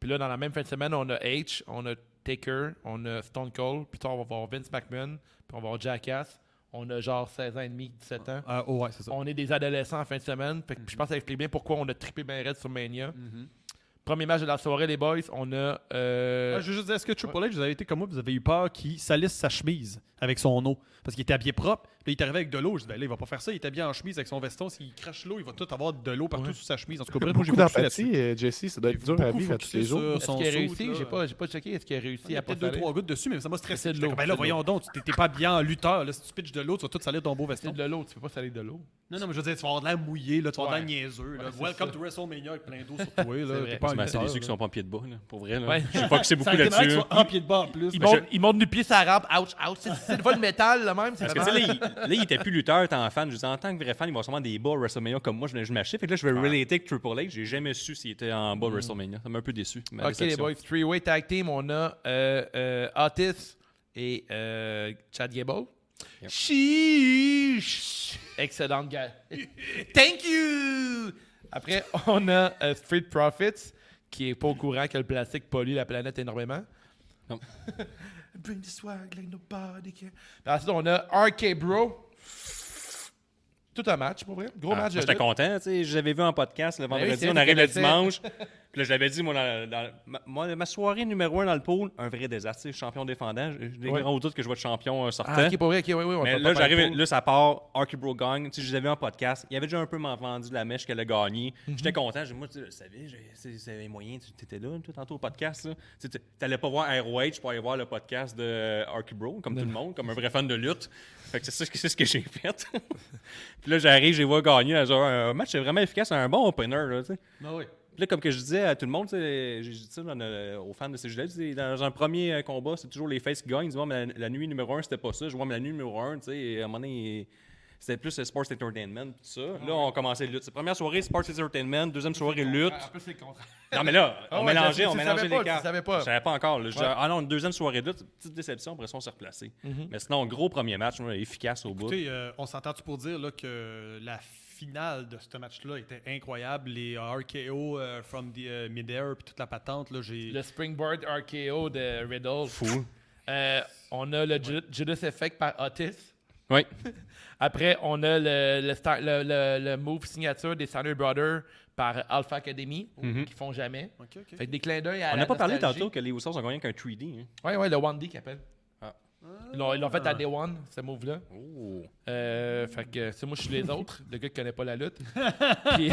[SPEAKER 3] Puis là, dans la même fin de semaine, on a H, on a Taker, on a Stone Cold, puis tard, on va voir Vince McMahon, puis on va voir Jackass. On a genre 16 ans et demi, 17 ans.
[SPEAKER 4] Euh, oh ouais, c'est ça. Mhm.
[SPEAKER 3] On est des adolescents en fin de semaine, fait que je pense que ça explique bien pourquoi on a trippé bien raide sur Mania. Premier match de la soirée, les boys. On a. euh,
[SPEAKER 4] Ah, je veux juste dire, est-ce que Triple H, vous avez été comme moi, vous avez eu peur qu'il salisse sa chemise avec son eau Parce qu'il était habillé propre, puis il est arrivé avec de l'eau. Je dis, ben là, il va pas faire ça, il est habillé en chemise avec son veston. S'il crache l'eau, il va tout avoir de l'eau partout sous sa chemise. En tout cas, bref, moi, j'ai
[SPEAKER 6] Beaucoup
[SPEAKER 4] beaucoup là-dessus.
[SPEAKER 6] d'empathie, euh, Jesse, ça doit être dur à vivre à tous les jours.
[SPEAKER 3] Est-ce qu'il a réussi J'ai pas, j'ai pas checké. Est-ce qu'il a
[SPEAKER 4] Il
[SPEAKER 3] réussi
[SPEAKER 4] y
[SPEAKER 3] à
[SPEAKER 4] a
[SPEAKER 3] pas
[SPEAKER 4] peut-être deux,
[SPEAKER 3] salir?
[SPEAKER 4] trois gouttes dessus, mais ça m'a stressé.
[SPEAKER 3] de
[SPEAKER 4] J'étais
[SPEAKER 3] l'eau,
[SPEAKER 4] comme, Ben
[SPEAKER 3] c'est
[SPEAKER 4] là,
[SPEAKER 3] de
[SPEAKER 4] voyons donc, tu t'es- t'es pas habillé en lutteur. Là, si tu pitches de l'eau, tu vas tout salir ton beau
[SPEAKER 3] C'est
[SPEAKER 4] veston.
[SPEAKER 3] de l'eau, tu peux pas saler de l'eau.
[SPEAKER 4] Non, non, mais je veux dire, tu vas avoir de l'air mouillé, là, tu vas avoir de
[SPEAKER 3] Ouais.
[SPEAKER 4] l'air niaiseux. là.
[SPEAKER 3] Ouais, c'est
[SPEAKER 4] Welcome
[SPEAKER 3] ça.
[SPEAKER 4] to WrestleMania avec plein d'eau sur toi. là.
[SPEAKER 3] vrai.
[SPEAKER 4] T'es pas en
[SPEAKER 5] Mais c'est
[SPEAKER 4] lutteur,
[SPEAKER 5] des yeux qui
[SPEAKER 4] là.
[SPEAKER 5] sont pas en pied de bas, là, pour vrai. Là.
[SPEAKER 3] Ouais.
[SPEAKER 5] Je suis focusé
[SPEAKER 4] Ça
[SPEAKER 5] beaucoup
[SPEAKER 4] aurait été malade
[SPEAKER 5] là-dessus.
[SPEAKER 4] que tu sois en pied de bas en plus.
[SPEAKER 3] Il
[SPEAKER 4] Mais
[SPEAKER 3] monte, il monte du pied sa rampe. Ouch, ouch. C'est- C'est le vol métal, là, même. C'est
[SPEAKER 5] Parce que,
[SPEAKER 3] vraiment-
[SPEAKER 5] tu sais, là, il- là, il était plus lutteur, t'es en fan. Je disais, en tant que vrai fan, il va sûrement des bas à WrestleMania comme moi. Je venais juste m'acheter. Fait que là, je vais relater avec Triple H. J'ai jamais su s'il était en bas à WrestleMania. Ça m'a un peu déçu. ma
[SPEAKER 3] Mm. Ok, les
[SPEAKER 5] déception.
[SPEAKER 3] boys. Three-way tag team, on a euh, euh, Otis et euh, Chad Gable. Chiche! Excellente gars. Thank you! Après, on a euh, Street Profits, qui est pas au courant que le plastique pollue la planète énormément.
[SPEAKER 5] Non.
[SPEAKER 3] Bring the swag like nobody can. Puis Ensuite, on a RK Bro. Tout un match, pour vrai. Gros
[SPEAKER 5] Ah, moi,
[SPEAKER 3] match de
[SPEAKER 5] J'étais
[SPEAKER 3] lutte.
[SPEAKER 5] content, tu sais. J'avais vu en podcast le vendredi,
[SPEAKER 3] c'est vrai,
[SPEAKER 5] on arrive le
[SPEAKER 3] tu connaissais.
[SPEAKER 5] dimanche. Puis là, je l'avais dit, moi, dans, dans- ma, moi, ma soirée numéro un dans le pool, un vrai désastre. tu sais, champion défendant. J'ai j'ai des
[SPEAKER 3] Ouais.
[SPEAKER 5] grands doutes que je vais être champion euh, sortant.
[SPEAKER 3] Ah, ok, pour vrai, ok, oui, oui. on
[SPEAKER 5] Mais
[SPEAKER 3] peut
[SPEAKER 5] là,
[SPEAKER 3] pas parler
[SPEAKER 5] j'arrive,
[SPEAKER 3] de
[SPEAKER 5] là, ça part. Arky Bro gagne. Tu sais, je les avais en podcast. Il avait déjà un peu m'en vendu la mèche qu'elle a gagnée. J'étais content. J'ai- Moi, tu le savais, j'ai- c'est c'est les moyens. Tu étais là, toi, tantôt au podcast. là. Tu n'allais pas voir ROH pour aller voir le podcast de euh, Arky Bro, comme tout le monde, comme un vrai fan de lutte. Fait que c'est ça que- c'est ce que j'ai fait. Puis là, j'arrive, je les vois gagner. dans un un match c'est vraiment efficace, un bon opener. Là, tu sais. Puis là, comme que je disais à tout le monde, tu sais, j'ai dit ça dans le- aux fans de ces jeux-là, tu sais, dans un premier euh, combat, c'est toujours les faces qui gagnent. Ils disent, Ouais, mais la, la nuit numéro 1, c'était pas ça. Je vois, mais la nuit numéro 1, tu sais, à un moment donné, c'était plus euh, Sports Entertainment, pis tout ça. Là, on commençait lutte. C'est Première soirée, Sports Entertainment. Deuxième soirée, lutte.
[SPEAKER 3] ça. Un peu, c'est le contraire.
[SPEAKER 5] Non, mais là,
[SPEAKER 3] Ah
[SPEAKER 5] on
[SPEAKER 3] ouais,
[SPEAKER 5] mélangeait,
[SPEAKER 3] tu-
[SPEAKER 5] on
[SPEAKER 3] tu
[SPEAKER 5] mélangeait
[SPEAKER 3] savais
[SPEAKER 5] les
[SPEAKER 3] pas, tu
[SPEAKER 5] cartes.
[SPEAKER 3] savais pas.
[SPEAKER 5] Je savais pas encore. là. Je disais, ah non, une deuxième soirée de lutte, petite déception, après ça, on s'est replacé.
[SPEAKER 3] Mm-hmm.
[SPEAKER 5] Mais sinon, gros premier match, moi, efficace au bout.
[SPEAKER 4] Écoutez, euh, on s'entend-tu pour dire là, que la finale de ce match-là était incroyable? Les euh, RKO euh, from the euh, midair puis toute la patente, là, j'ai...
[SPEAKER 3] Le springboard RKO de Riddle. Fou. on a le Ju- Judas Effect par Otis.
[SPEAKER 5] Oui.
[SPEAKER 3] Après, on a le, le, star- le- le- le move signature des Thunder Brothers par Alpha Academy, qui font jamais.
[SPEAKER 4] Ok, ok.
[SPEAKER 3] Fait que des clins d'œil à
[SPEAKER 5] Mhm. On
[SPEAKER 3] n'a
[SPEAKER 5] n'a pas parlé tantôt que les Usos ont gagné qu'un 3D. hein.
[SPEAKER 3] Ouais, ouais, le 1D qu'ils appellent.
[SPEAKER 5] Ah.
[SPEAKER 3] Ils l'ont ils l'ont fait à Day One, ce move-là.
[SPEAKER 5] Oh.
[SPEAKER 3] Euh, fait que, tu sais, moi, je suis les autres, le gars qui connaît pas la lutte. Puis-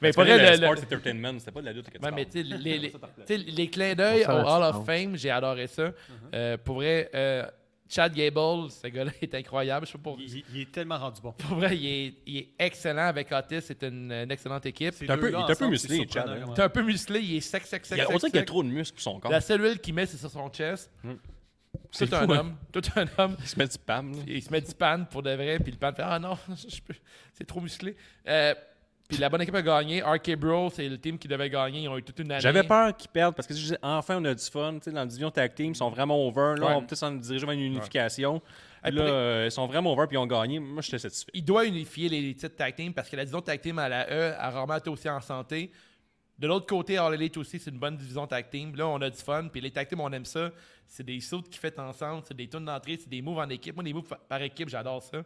[SPEAKER 3] Mais
[SPEAKER 5] Pas
[SPEAKER 3] pour vrai, le-
[SPEAKER 5] le,
[SPEAKER 3] le-
[SPEAKER 5] Sports Entertainment, c'était pas de la lutte que tu
[SPEAKER 3] Ouais, mais
[SPEAKER 5] parles.
[SPEAKER 3] tu sais, les, les- tu sais, les clins d'œil
[SPEAKER 6] On
[SPEAKER 3] au
[SPEAKER 6] sent la
[SPEAKER 3] Hall of
[SPEAKER 6] différence.
[SPEAKER 3] Fame, j'ai adoré ça.
[SPEAKER 5] Uh-huh.
[SPEAKER 3] Euh, pour vrai, euh, Chad Gable, ce gars-là est incroyable. Je sais pas pour,
[SPEAKER 4] Il, il est tellement rendu bon.
[SPEAKER 3] pour vrai, il est, il est excellent avec Otis. C'est une, une excellente équipe. T'es
[SPEAKER 4] Ces
[SPEAKER 5] T'es un peu-
[SPEAKER 4] deux-là
[SPEAKER 5] il est un peu
[SPEAKER 4] ensemble,
[SPEAKER 5] musclé,
[SPEAKER 4] c'est surprenant,
[SPEAKER 5] Chad, hein.
[SPEAKER 4] quand même.
[SPEAKER 3] t'es un peu musclé, il est sec, sec, sec.
[SPEAKER 5] Il y a-
[SPEAKER 3] sec,
[SPEAKER 5] on dirait qu'il y a
[SPEAKER 3] sec.
[SPEAKER 5] trop Hmm. de muscles pour son corps.
[SPEAKER 3] La cellule qu'il met, c'est sur son chest.
[SPEAKER 5] C'est
[SPEAKER 3] Tout un
[SPEAKER 5] fou, hein.
[SPEAKER 3] homme. Tout un homme.
[SPEAKER 5] Il se met du pam. là.
[SPEAKER 3] Il se met du pan pour de vrai, puis le pan fait Ah non, je peux- c'est trop musclé. Euh, puis la bonne équipe a gagné. RK Bro, c'est le team qui devait gagner. Ils ont eu toute une année.
[SPEAKER 5] J'avais peur qu'ils perdent parce que je disais, enfin on a du fun. tu sais, Dans la division tag team, ils sont vraiment over. Là,
[SPEAKER 3] Ouais.
[SPEAKER 5] on peut s'en diriger vers une unification.
[SPEAKER 3] Hey,
[SPEAKER 5] là,
[SPEAKER 3] pour les-
[SPEAKER 5] euh, ils sont vraiment over puis ils ont gagné. Moi, j'étais satisfait.
[SPEAKER 3] il doit unifier les titres tag team parce que la division tag team à la E a rarement été aussi en santé. De l'autre côté, All Elite aussi, c'est une bonne division tag team. Là, on a du fun. Puis les tag team, on aime ça. C'est des sauts qui fait ensemble, c'est des tours d'entrée, c'est des moves en équipe. Moi, les moves fa- par équipe, j'adore ça.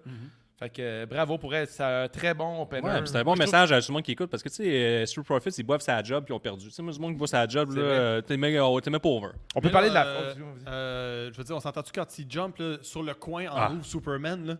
[SPEAKER 3] Fait que euh, bravo pour elle. C'est un très bon opener.
[SPEAKER 5] Ouais, puis c'est un bon message à tout le monde qui écoute parce que, tu sais, euh, Street Profits, ils boivent sa job puis ils ont perdu. Tu sais, moi, du monde qui boit sa job, là,
[SPEAKER 3] vrai.
[SPEAKER 5] euh, t'es mec- oh, t'es même pas over.
[SPEAKER 3] On peut
[SPEAKER 4] Mais
[SPEAKER 3] parler de
[SPEAKER 4] là,
[SPEAKER 3] la.
[SPEAKER 4] euh,
[SPEAKER 3] oh, excuse-moi, vas-y.
[SPEAKER 4] euh, je veux dire, on s'entend-tu quand il jump là, sur le coin en
[SPEAKER 5] Ah.
[SPEAKER 4] move Superman? Là?